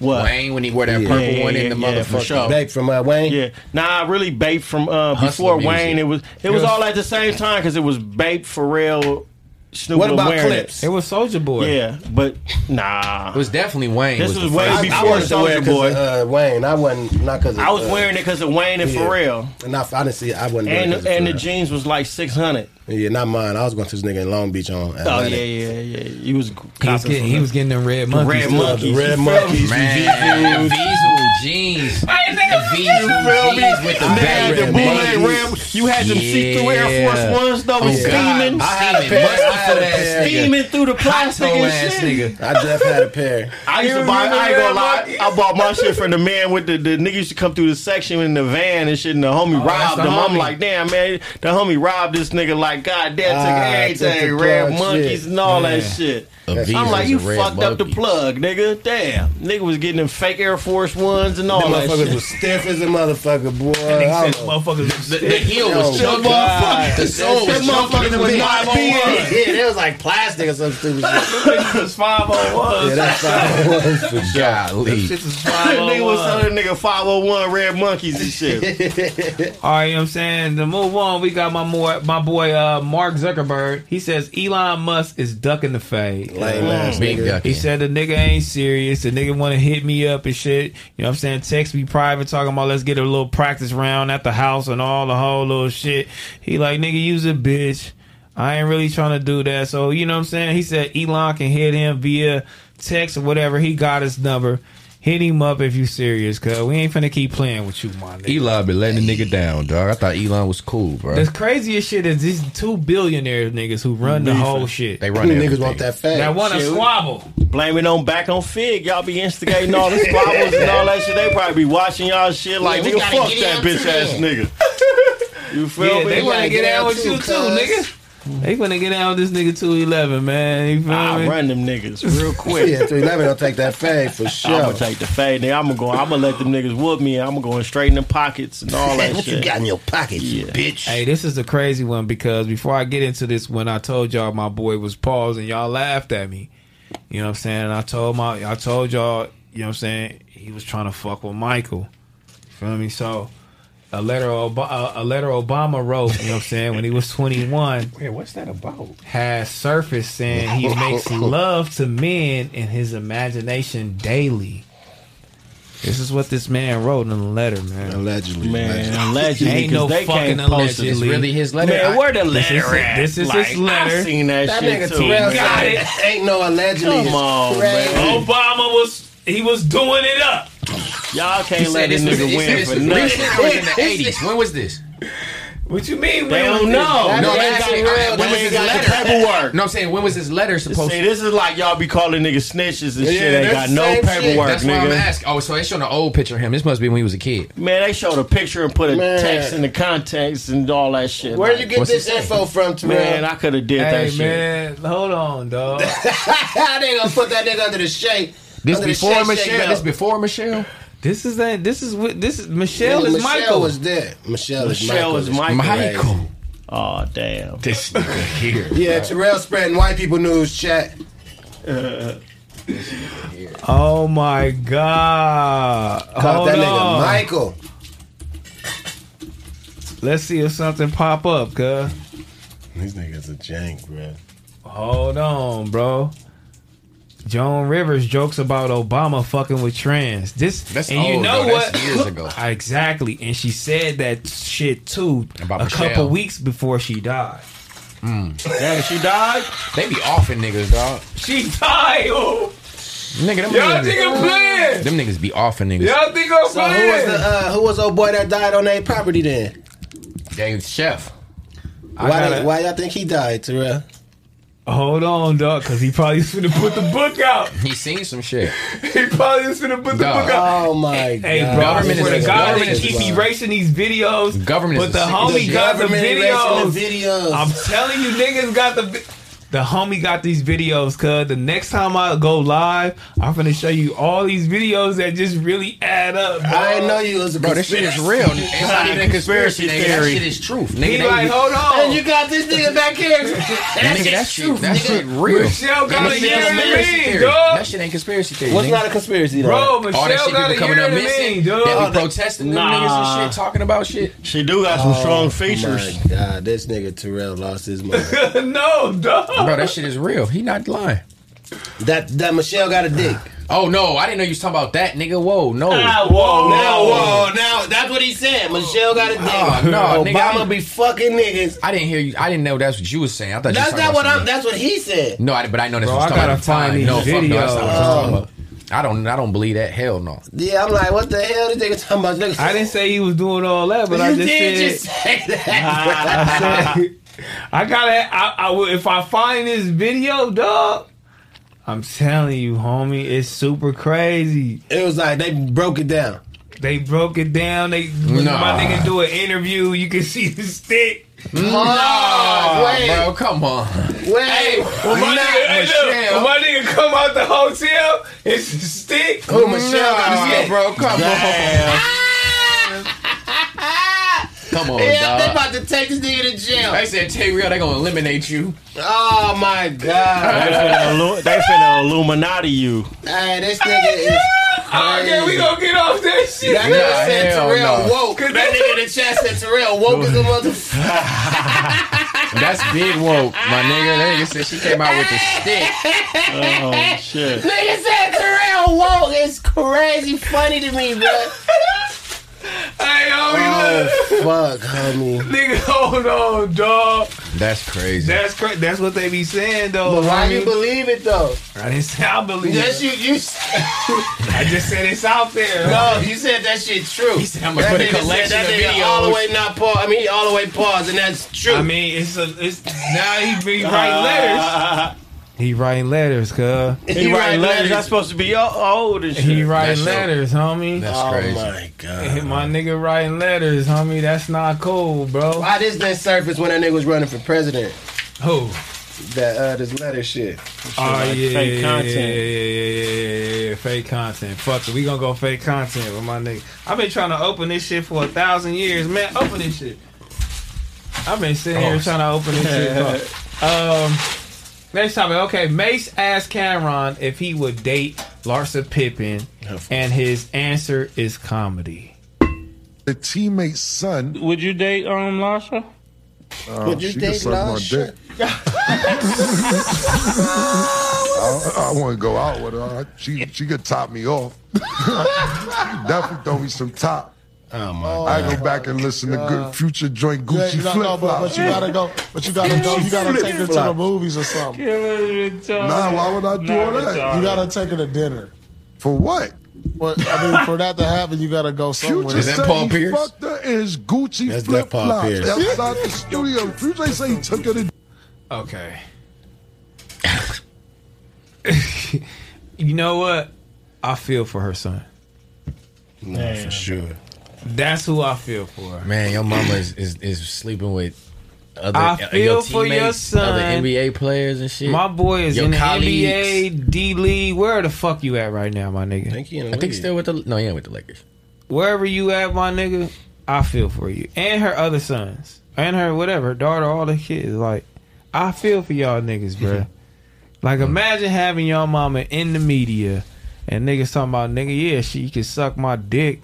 [SPEAKER 3] what?
[SPEAKER 4] Wayne when he wore that purple
[SPEAKER 3] yeah,
[SPEAKER 4] one in the
[SPEAKER 3] yeah, yeah, for
[SPEAKER 4] motherfucker.
[SPEAKER 3] sure.
[SPEAKER 2] Bape from uh, Wayne?
[SPEAKER 3] Yeah, nah, really Bape from uh, before
[SPEAKER 4] music.
[SPEAKER 3] Wayne. It was it was all at the same time because it was Bape, Pharrell, Snoop.
[SPEAKER 2] What
[SPEAKER 3] Lil
[SPEAKER 2] about
[SPEAKER 3] wearing it.
[SPEAKER 2] Clips?
[SPEAKER 1] It was Soldier Boy.
[SPEAKER 3] Yeah, but nah,
[SPEAKER 4] It was definitely Wayne.
[SPEAKER 3] This
[SPEAKER 4] was
[SPEAKER 3] was
[SPEAKER 4] the
[SPEAKER 3] way
[SPEAKER 4] first
[SPEAKER 2] I,
[SPEAKER 4] one.
[SPEAKER 2] I
[SPEAKER 3] before
[SPEAKER 2] wasn't aware
[SPEAKER 3] Soulja
[SPEAKER 2] 'cause
[SPEAKER 3] Boy.
[SPEAKER 2] of, uh, Wayne. I wasn't not because
[SPEAKER 3] I was wearing it because of Wayne and Pharrell,
[SPEAKER 2] And I, I didn't see. I wasn't.
[SPEAKER 3] and
[SPEAKER 2] wearing it 'cause of
[SPEAKER 3] and the
[SPEAKER 2] Pharrell.
[SPEAKER 3] jeans was like six hundred.
[SPEAKER 2] Yeah, not mine. I was going to this nigga in Long Beach on.
[SPEAKER 3] Oh yeah,
[SPEAKER 2] Atlantic.
[SPEAKER 3] yeah, yeah. He was
[SPEAKER 1] He was getting, he was getting them red monkeys.
[SPEAKER 3] red
[SPEAKER 1] too.
[SPEAKER 2] The
[SPEAKER 3] monkeys.
[SPEAKER 2] red
[SPEAKER 3] You
[SPEAKER 2] monkeys.
[SPEAKER 4] Man, Vizu jeans. Vizu jeans with the
[SPEAKER 3] Nigga,
[SPEAKER 4] bag
[SPEAKER 3] the
[SPEAKER 2] red
[SPEAKER 4] red
[SPEAKER 3] bootleg
[SPEAKER 4] money.
[SPEAKER 3] red. You had them see through Air
[SPEAKER 4] Yeah.
[SPEAKER 3] Force Ones though, and
[SPEAKER 4] Oh, God.
[SPEAKER 3] steaming,
[SPEAKER 4] I
[SPEAKER 2] had a
[SPEAKER 4] Steaming,
[SPEAKER 2] pair-
[SPEAKER 4] musty
[SPEAKER 2] I had a
[SPEAKER 4] foot ass
[SPEAKER 2] pair.
[SPEAKER 4] nigga.
[SPEAKER 3] steaming through the plastic
[SPEAKER 4] Toe
[SPEAKER 3] and
[SPEAKER 4] ass
[SPEAKER 3] shit.
[SPEAKER 4] nigga.
[SPEAKER 2] I just had a pair.
[SPEAKER 3] I used to
[SPEAKER 1] You
[SPEAKER 3] buy. I ain't gonna
[SPEAKER 1] remember
[SPEAKER 3] lie. I bought my shit from the man with the the nigga used to come through the section in the van and shit, and the homie
[SPEAKER 2] Oh,
[SPEAKER 3] robbed
[SPEAKER 1] the
[SPEAKER 3] him. I'm
[SPEAKER 1] homie.
[SPEAKER 3] like, damn man, the homie robbed this nigga. Like, god damn,
[SPEAKER 2] Ah,
[SPEAKER 3] took
[SPEAKER 2] took the
[SPEAKER 3] everything, red
[SPEAKER 2] plug
[SPEAKER 3] monkeys
[SPEAKER 2] shit.
[SPEAKER 3] and all that
[SPEAKER 1] Yeah.
[SPEAKER 3] shit.
[SPEAKER 4] Vizu
[SPEAKER 3] I'm like,
[SPEAKER 4] is
[SPEAKER 3] you
[SPEAKER 4] a red
[SPEAKER 3] fucked up the
[SPEAKER 4] monkey.
[SPEAKER 3] plug, nigga. Damn, nigga was getting them fake Air Force ones and all
[SPEAKER 2] Them
[SPEAKER 3] that
[SPEAKER 2] motherfuckers
[SPEAKER 3] shit.
[SPEAKER 2] was stiff as a motherfucker, boy. I
[SPEAKER 1] He
[SPEAKER 2] was-
[SPEAKER 1] said, motherfuckers.
[SPEAKER 4] The, the heel was
[SPEAKER 2] Yo,
[SPEAKER 4] chunky.
[SPEAKER 2] motherfucker.
[SPEAKER 4] The soul was
[SPEAKER 2] Them
[SPEAKER 4] chunky.
[SPEAKER 2] motherfuckers
[SPEAKER 4] It
[SPEAKER 2] was oh
[SPEAKER 4] was
[SPEAKER 3] oh
[SPEAKER 2] not
[SPEAKER 4] not
[SPEAKER 2] being-
[SPEAKER 4] being.
[SPEAKER 2] Yeah, they was like plastic or some stupid shit.
[SPEAKER 1] was 501.
[SPEAKER 2] Yeah, that's how it was for sure.
[SPEAKER 4] Golly.
[SPEAKER 1] This is
[SPEAKER 3] nigga was
[SPEAKER 1] 501.
[SPEAKER 3] selling nigga 501 red monkeys and shit.
[SPEAKER 1] All right, you know what I'm saying? To move on, we got my boy, my boy uh, Mark Zuckerberg. He says Elon Musk is ducking the fade.
[SPEAKER 2] Lame ass
[SPEAKER 4] Big
[SPEAKER 2] nigga.
[SPEAKER 4] ducky.
[SPEAKER 1] He said the nigga ain't serious. The nigga want to hit me up and shit. You know what I'm saying? Text me private talking about let's get a little practice round at the house and all the whole little shit. He like, nigga, use a bitch. I ain't really trying to do that. So, you know what I'm saying? He said Elon can hit him via text or whatever. He got his number. Hit him up if you serious, cuz we ain't finna keep playing with you, my nigga.
[SPEAKER 10] Elon been letting the nigga down, dog. I thought Elon was cool, bro.
[SPEAKER 1] The craziest shit is these two billionaire niggas who run the
[SPEAKER 3] Beefing.
[SPEAKER 1] whole shit.
[SPEAKER 3] They run Them niggas everything. want that fag.
[SPEAKER 1] That want to
[SPEAKER 3] Shit.
[SPEAKER 1] squabble.
[SPEAKER 3] Blame it on back on Fig. Y'all be instigating all the squabbles and all that shit. They probably be watching y'all shit like,
[SPEAKER 6] Yeah, we
[SPEAKER 3] nigga,
[SPEAKER 6] gotta
[SPEAKER 3] fuck
[SPEAKER 6] get
[SPEAKER 3] that
[SPEAKER 6] out
[SPEAKER 3] bitch
[SPEAKER 6] to
[SPEAKER 3] ass
[SPEAKER 6] them.
[SPEAKER 3] nigga. You feel
[SPEAKER 1] Yeah,
[SPEAKER 3] me?
[SPEAKER 1] they want to get out with you too, nigga. They want to get out with this nigga 211, man. You feel
[SPEAKER 3] I
[SPEAKER 1] me?
[SPEAKER 3] run them niggas real quick.
[SPEAKER 1] Yeah, 311
[SPEAKER 3] will take that fade for
[SPEAKER 1] sure.
[SPEAKER 3] I'm gonna take the fade. Nigga. I'm gonna go. I'm gonna let them niggas whoop me. and I'm gonna go straight in the pockets and all that
[SPEAKER 1] What
[SPEAKER 3] shit.
[SPEAKER 1] you got in
[SPEAKER 3] your pockets, bitch?
[SPEAKER 1] Hey, this is the crazy one because before I get into this one, I told y'all my boy was paused and y'all laughed at me. You know what I'm saying? And I told my I told y'all, you know what I'm saying, he was trying to fuck with Michael. You feel me? So a letter Ob- uh, a letter Obama wrote, you know what I'm saying, when he was 21
[SPEAKER 4] Wait, what's that about?
[SPEAKER 1] has surfaced saying he makes love to men in his imagination daily. This is what this man wrote in the letter, man. Allegedly,
[SPEAKER 3] man. Allegedly,
[SPEAKER 1] ain't
[SPEAKER 3] 'cause
[SPEAKER 1] no
[SPEAKER 3] they
[SPEAKER 1] fucking
[SPEAKER 3] can't post it.
[SPEAKER 1] allegedly.
[SPEAKER 3] It's really his letter? Man, where the
[SPEAKER 1] This is-
[SPEAKER 3] letter at?
[SPEAKER 1] This is
[SPEAKER 3] Like,
[SPEAKER 1] his
[SPEAKER 3] I
[SPEAKER 1] letter.
[SPEAKER 3] seen that
[SPEAKER 2] That shit nigga too, Terrell man. said it ain't no allegedly.
[SPEAKER 1] Come
[SPEAKER 2] It's
[SPEAKER 1] on,
[SPEAKER 2] crazy.
[SPEAKER 1] man. Obama was he was doing it up.
[SPEAKER 3] Y'all
[SPEAKER 4] He said this was- he said this was recent or in the 80s. When was this?
[SPEAKER 1] What you mean?
[SPEAKER 4] They
[SPEAKER 3] don't know.
[SPEAKER 4] No,
[SPEAKER 3] They
[SPEAKER 4] that's
[SPEAKER 3] got
[SPEAKER 4] it.
[SPEAKER 3] real.
[SPEAKER 4] When
[SPEAKER 3] They
[SPEAKER 4] was his
[SPEAKER 3] got the
[SPEAKER 4] letter?
[SPEAKER 3] paperwork.
[SPEAKER 4] No, I'm saying when was his letter supposed
[SPEAKER 3] See,
[SPEAKER 4] to?
[SPEAKER 3] this is like y'all be calling niggas snitches and
[SPEAKER 4] Yeah,
[SPEAKER 3] shit. Ain't got
[SPEAKER 4] that's
[SPEAKER 3] no
[SPEAKER 4] the same shit.
[SPEAKER 3] paperwork,
[SPEAKER 4] That's why
[SPEAKER 3] nigga.
[SPEAKER 4] I'm asking. Oh, so they showing an old picture of him. This must be when he was a kid.
[SPEAKER 3] Man, they showed a picture and put a
[SPEAKER 4] Man.
[SPEAKER 3] text in the context and all that shit.
[SPEAKER 2] Where
[SPEAKER 3] Like,
[SPEAKER 2] you get
[SPEAKER 3] what's
[SPEAKER 2] this
[SPEAKER 3] his name?
[SPEAKER 2] info from, Terrell?
[SPEAKER 3] Man, I could have did
[SPEAKER 2] Hey,
[SPEAKER 3] that shit.
[SPEAKER 1] Man, hold on, dog.
[SPEAKER 2] they gonna put that nigga under the shade. under the shade, shade belt.
[SPEAKER 4] before Michelle.
[SPEAKER 1] This is that. This is what this is. Michelle
[SPEAKER 2] Yeah,
[SPEAKER 1] is
[SPEAKER 2] Michelle
[SPEAKER 1] Michael.
[SPEAKER 2] was there. Michelle is
[SPEAKER 3] Michelle
[SPEAKER 2] Michael.
[SPEAKER 3] is
[SPEAKER 2] It's
[SPEAKER 3] Michael.
[SPEAKER 2] Michael.
[SPEAKER 3] Oh damn!
[SPEAKER 10] This nigga here.
[SPEAKER 2] Yeah, Terrell spreading white people news chat.
[SPEAKER 1] Oh my god!
[SPEAKER 2] Caught
[SPEAKER 1] Hold
[SPEAKER 2] that nigga
[SPEAKER 1] on.
[SPEAKER 2] Michael.
[SPEAKER 1] Let's see if something pop up, cuz.
[SPEAKER 2] These niggas a jank, bro.
[SPEAKER 1] Hold on, bro. Joan Rivers jokes about Obama fucking with trans. This
[SPEAKER 4] That's
[SPEAKER 1] and you
[SPEAKER 4] old,
[SPEAKER 1] know
[SPEAKER 4] though.
[SPEAKER 1] what?
[SPEAKER 4] That's years ago.
[SPEAKER 1] exactly, and she said that shit too
[SPEAKER 4] About
[SPEAKER 1] a
[SPEAKER 4] Michelle.
[SPEAKER 1] couple weeks before she died.
[SPEAKER 4] Damn, she died. They be offing niggas, dog.
[SPEAKER 1] She died. Oh.
[SPEAKER 4] Nigga, them
[SPEAKER 1] Y'all
[SPEAKER 4] niggas,
[SPEAKER 1] think I'm playing?
[SPEAKER 4] Them niggas be offing niggas.
[SPEAKER 1] think I'm
[SPEAKER 2] so who was the uh, who was old boy that died on their property then?
[SPEAKER 4] James Chef.
[SPEAKER 1] I
[SPEAKER 2] Why,
[SPEAKER 1] gotta-
[SPEAKER 2] they- why y'all think he died, Terrell?
[SPEAKER 1] Hold on, dog, because he probably was gonna put the book out.
[SPEAKER 4] He seen some shit.
[SPEAKER 1] he probably was gonna put the
[SPEAKER 4] Dog.
[SPEAKER 1] book out.
[SPEAKER 2] Oh my
[SPEAKER 1] hey, Hey,
[SPEAKER 4] God.
[SPEAKER 1] bro,
[SPEAKER 4] Government
[SPEAKER 1] for
[SPEAKER 4] is
[SPEAKER 1] the
[SPEAKER 4] a-
[SPEAKER 1] God
[SPEAKER 4] government
[SPEAKER 1] they
[SPEAKER 4] is
[SPEAKER 1] keep
[SPEAKER 4] wild.
[SPEAKER 1] erasing these videos.
[SPEAKER 4] Government
[SPEAKER 1] but
[SPEAKER 4] is
[SPEAKER 1] the
[SPEAKER 4] a sick-
[SPEAKER 1] homie
[SPEAKER 4] The
[SPEAKER 1] got the
[SPEAKER 4] government
[SPEAKER 1] videos.
[SPEAKER 4] erasing
[SPEAKER 2] Oh, the videos.
[SPEAKER 1] I'm telling you, niggas got the. vi- The homie got these videos, cuz the next time I go live, I'm gonna show you all these videos that just really add up. Bro.
[SPEAKER 2] I didn't know you was a
[SPEAKER 4] Bro, this shit is real. It's not even a conspiracy, nigga. That shit is truth. Nigga,
[SPEAKER 1] He
[SPEAKER 4] they-
[SPEAKER 1] like, "Oh, hold on.
[SPEAKER 2] And you got this nigga back here.
[SPEAKER 4] Nigga, that shit, that shit real.
[SPEAKER 1] Michelle got a
[SPEAKER 4] Michelle
[SPEAKER 1] year in
[SPEAKER 4] conspiracy
[SPEAKER 1] me,
[SPEAKER 4] theory.
[SPEAKER 1] dog.
[SPEAKER 4] That shit ain't conspiracy theory.
[SPEAKER 2] What's
[SPEAKER 4] nigga.
[SPEAKER 2] not a conspiracy, though? Oh,
[SPEAKER 1] Bro,
[SPEAKER 4] All that
[SPEAKER 1] Michelle
[SPEAKER 4] shit
[SPEAKER 1] got a
[SPEAKER 4] people coming
[SPEAKER 1] year
[SPEAKER 4] up
[SPEAKER 1] in me,
[SPEAKER 4] missing.
[SPEAKER 1] dog.
[SPEAKER 4] They be protesting them niggas
[SPEAKER 3] Nah.
[SPEAKER 4] and shit, talking about shit.
[SPEAKER 3] She do got some strong features.
[SPEAKER 2] My God, this nigga Terrell lost his mind.
[SPEAKER 1] no, dog.
[SPEAKER 4] Bro, that shit is real. He not lying.
[SPEAKER 2] That that Michelle got a dick.
[SPEAKER 4] Oh no, I didn't know you was talking about that, nigga. Whoa, no.
[SPEAKER 2] Ah, whoa, now, whoa, now that's what he said. Michelle got a dick.
[SPEAKER 4] Oh, no, nigga,
[SPEAKER 2] Obama
[SPEAKER 4] I'm-
[SPEAKER 2] be fucking niggas.
[SPEAKER 4] I didn't hear you. I didn't know that's what you was saying. I thought
[SPEAKER 2] That's
[SPEAKER 4] you was talking
[SPEAKER 2] not what
[SPEAKER 4] about
[SPEAKER 2] I'm. That's what he said.
[SPEAKER 4] something- No, I, but I know that's
[SPEAKER 1] Bro,
[SPEAKER 4] what
[SPEAKER 1] I
[SPEAKER 4] you talking
[SPEAKER 1] gotta
[SPEAKER 4] about. the time.
[SPEAKER 1] find
[SPEAKER 4] no,
[SPEAKER 1] these Oh.
[SPEAKER 4] fuck no, that's not what you talking
[SPEAKER 2] videos.
[SPEAKER 4] about. I don't. I don't believe that. Hell no.
[SPEAKER 2] Yeah, I'm like, what the hell? This nigga talking about niggas.
[SPEAKER 1] I didn't say he was doing all that, but
[SPEAKER 2] you
[SPEAKER 1] I just said
[SPEAKER 2] did just say
[SPEAKER 1] I
[SPEAKER 4] Ah.
[SPEAKER 2] that.
[SPEAKER 1] said- I gotta. I, I will- if I find this video, dog. I'm telling you, homie, it's super crazy.
[SPEAKER 2] it was like they broke it down.
[SPEAKER 1] They broke it down. They
[SPEAKER 4] Nah.
[SPEAKER 1] my nigga do an interview. You can see the stick.
[SPEAKER 2] No, wait.
[SPEAKER 4] bro, come on.
[SPEAKER 2] Wait,
[SPEAKER 1] When my, nigga,
[SPEAKER 2] not
[SPEAKER 1] hey, look, when my nigga come out the hotel, it's a stick.
[SPEAKER 2] Who Michelle got a dick?
[SPEAKER 4] bro, come
[SPEAKER 3] Damn.
[SPEAKER 4] on, come on,
[SPEAKER 2] Yeah, they
[SPEAKER 4] dog.
[SPEAKER 2] about to take this nigga to
[SPEAKER 4] They
[SPEAKER 2] jail.
[SPEAKER 4] said Terrell, they gonna eliminate you.
[SPEAKER 2] Oh my
[SPEAKER 3] They
[SPEAKER 2] god.
[SPEAKER 3] finna, illu- they finna Illuminati you.
[SPEAKER 2] hey, this nigga is.
[SPEAKER 1] Okay, Ah, we gonna get off that shit.
[SPEAKER 2] That
[SPEAKER 4] Nah,
[SPEAKER 2] nigga said
[SPEAKER 4] hell
[SPEAKER 2] Terrell
[SPEAKER 4] no.
[SPEAKER 2] woke. That nigga in the chat said Terrell woke as a motherfucker.
[SPEAKER 4] That's big woke, my nigga. That nigga said she came out with a stick.
[SPEAKER 3] Oh shit!
[SPEAKER 2] Nigga said Terrell woke. It's crazy funny to me, bro.
[SPEAKER 1] Hey,
[SPEAKER 2] fuck, homie.
[SPEAKER 1] Nigga, hold on, dog.
[SPEAKER 5] That's crazy.
[SPEAKER 1] That's cra- That's what they be saying, though.
[SPEAKER 2] But why
[SPEAKER 1] homie.
[SPEAKER 2] you believe it though?
[SPEAKER 1] I didn't say I believe.
[SPEAKER 2] Yes,
[SPEAKER 1] it.
[SPEAKER 2] you you.
[SPEAKER 1] I just said it's out there.
[SPEAKER 2] No, you said that shit true. He said
[SPEAKER 1] "I'ma put a collection
[SPEAKER 2] that
[SPEAKER 1] of
[SPEAKER 2] nigga
[SPEAKER 1] videos."
[SPEAKER 2] all the way not pause. I mean, he all the way paused, and that's true.
[SPEAKER 1] I mean, it's a it's now he be writing letters. He writing letters, cuz.
[SPEAKER 3] He writing letters. I'm supposed to be all old and shit.
[SPEAKER 1] He writing letters, homie.
[SPEAKER 3] That's Oh crazy. my
[SPEAKER 1] god. My nigga writing letters, homie. That's not cool, bro.
[SPEAKER 2] Why this didn't surface when that nigga was running for president?
[SPEAKER 1] Who?
[SPEAKER 2] That uh, this letter shit.
[SPEAKER 1] Oh yeah,
[SPEAKER 2] Shit like fake content.
[SPEAKER 1] yeah, yeah, yeah, yeah, yeah, fake content. Fuck it, we gonna go fake content with my nigga. I've been trying to open this shit for a thousand years, man. Open this shit. I've been sitting here
[SPEAKER 8] Oh.
[SPEAKER 1] trying to open this shit. Fuck. Um, next topic. Okay, Mace asked Cameron if he would date Larsa Pippen, and his answer is comedy.
[SPEAKER 12] The teammate's son.
[SPEAKER 8] Would you date um Lasha?
[SPEAKER 12] Uh, she can suck my dick. I, I want to go out with her. She she could top me off. Definitely throw me some top. Oh my I go back and listen to good
[SPEAKER 13] God.
[SPEAKER 12] future joint
[SPEAKER 13] Yeah,
[SPEAKER 12] Gucci
[SPEAKER 13] you
[SPEAKER 12] flip
[SPEAKER 13] gotta go,
[SPEAKER 12] flop.
[SPEAKER 13] but, but you gotta go. But you gotta go. You gotta take her to the
[SPEAKER 12] Flip-flop.
[SPEAKER 13] movies or something.
[SPEAKER 12] Nah, why would I do all that?
[SPEAKER 13] You gotta take her to dinner.
[SPEAKER 12] for what?
[SPEAKER 13] But I mean, for that to happen, you gotta go somewhere.
[SPEAKER 12] Future said he fucked her in his Gucci
[SPEAKER 13] That's
[SPEAKER 12] flip
[SPEAKER 13] that Paul
[SPEAKER 12] flops
[SPEAKER 13] Pierce.
[SPEAKER 12] outside the studio. Future say he took her to.
[SPEAKER 1] Okay. you know what? I feel for her son.
[SPEAKER 10] No, for sure.
[SPEAKER 1] That's who I feel for.
[SPEAKER 10] Man, your mama is, is, is sleeping with other
[SPEAKER 1] I
[SPEAKER 10] uh,
[SPEAKER 1] feel
[SPEAKER 10] your
[SPEAKER 1] for your
[SPEAKER 10] teammates,
[SPEAKER 1] son.
[SPEAKER 10] other NBA players and shit.
[SPEAKER 1] My boy is
[SPEAKER 10] Your
[SPEAKER 1] in the
[SPEAKER 10] colleagues.
[SPEAKER 1] NBA, D League. Where the fuck you at right now, my nigga?
[SPEAKER 10] Think he in the I think league. still with the no, he ain't with the Lakers.
[SPEAKER 1] Wherever you at, my nigga, I feel for you and her other sons and her whatever her daughter, all the kids. Like, I feel for y'all niggas, bruh. like, imagine having your mama in the media and niggas talking about nigga, yeah, she can suck my dick.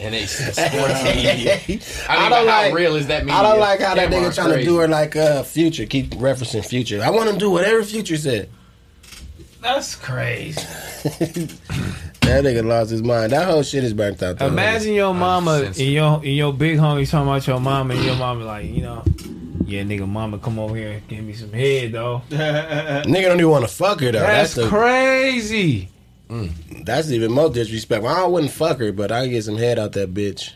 [SPEAKER 4] And they
[SPEAKER 2] I
[SPEAKER 4] I
[SPEAKER 2] don't
[SPEAKER 4] mean, how
[SPEAKER 2] like-
[SPEAKER 4] real is that media?
[SPEAKER 2] I don't like how that
[SPEAKER 4] Cameron
[SPEAKER 2] nigga trying to
[SPEAKER 4] crazy.
[SPEAKER 2] do her like uh, future. Keep referencing future. I want him to do whatever future said.
[SPEAKER 1] That's crazy.
[SPEAKER 2] That nigga lost his mind. That whole shit is burnt out. though.
[SPEAKER 1] Imagine your mama and your and your big homie talking about your mama and your mama like, you know, yeah, nigga, mama, come over here and give me some head, though.
[SPEAKER 2] Nigga don't even want to fuck her though.
[SPEAKER 1] That's,
[SPEAKER 2] That's, the,
[SPEAKER 1] crazy.
[SPEAKER 2] That's even more disrespectful. I wouldn't fuck her, but I get some head out that bitch.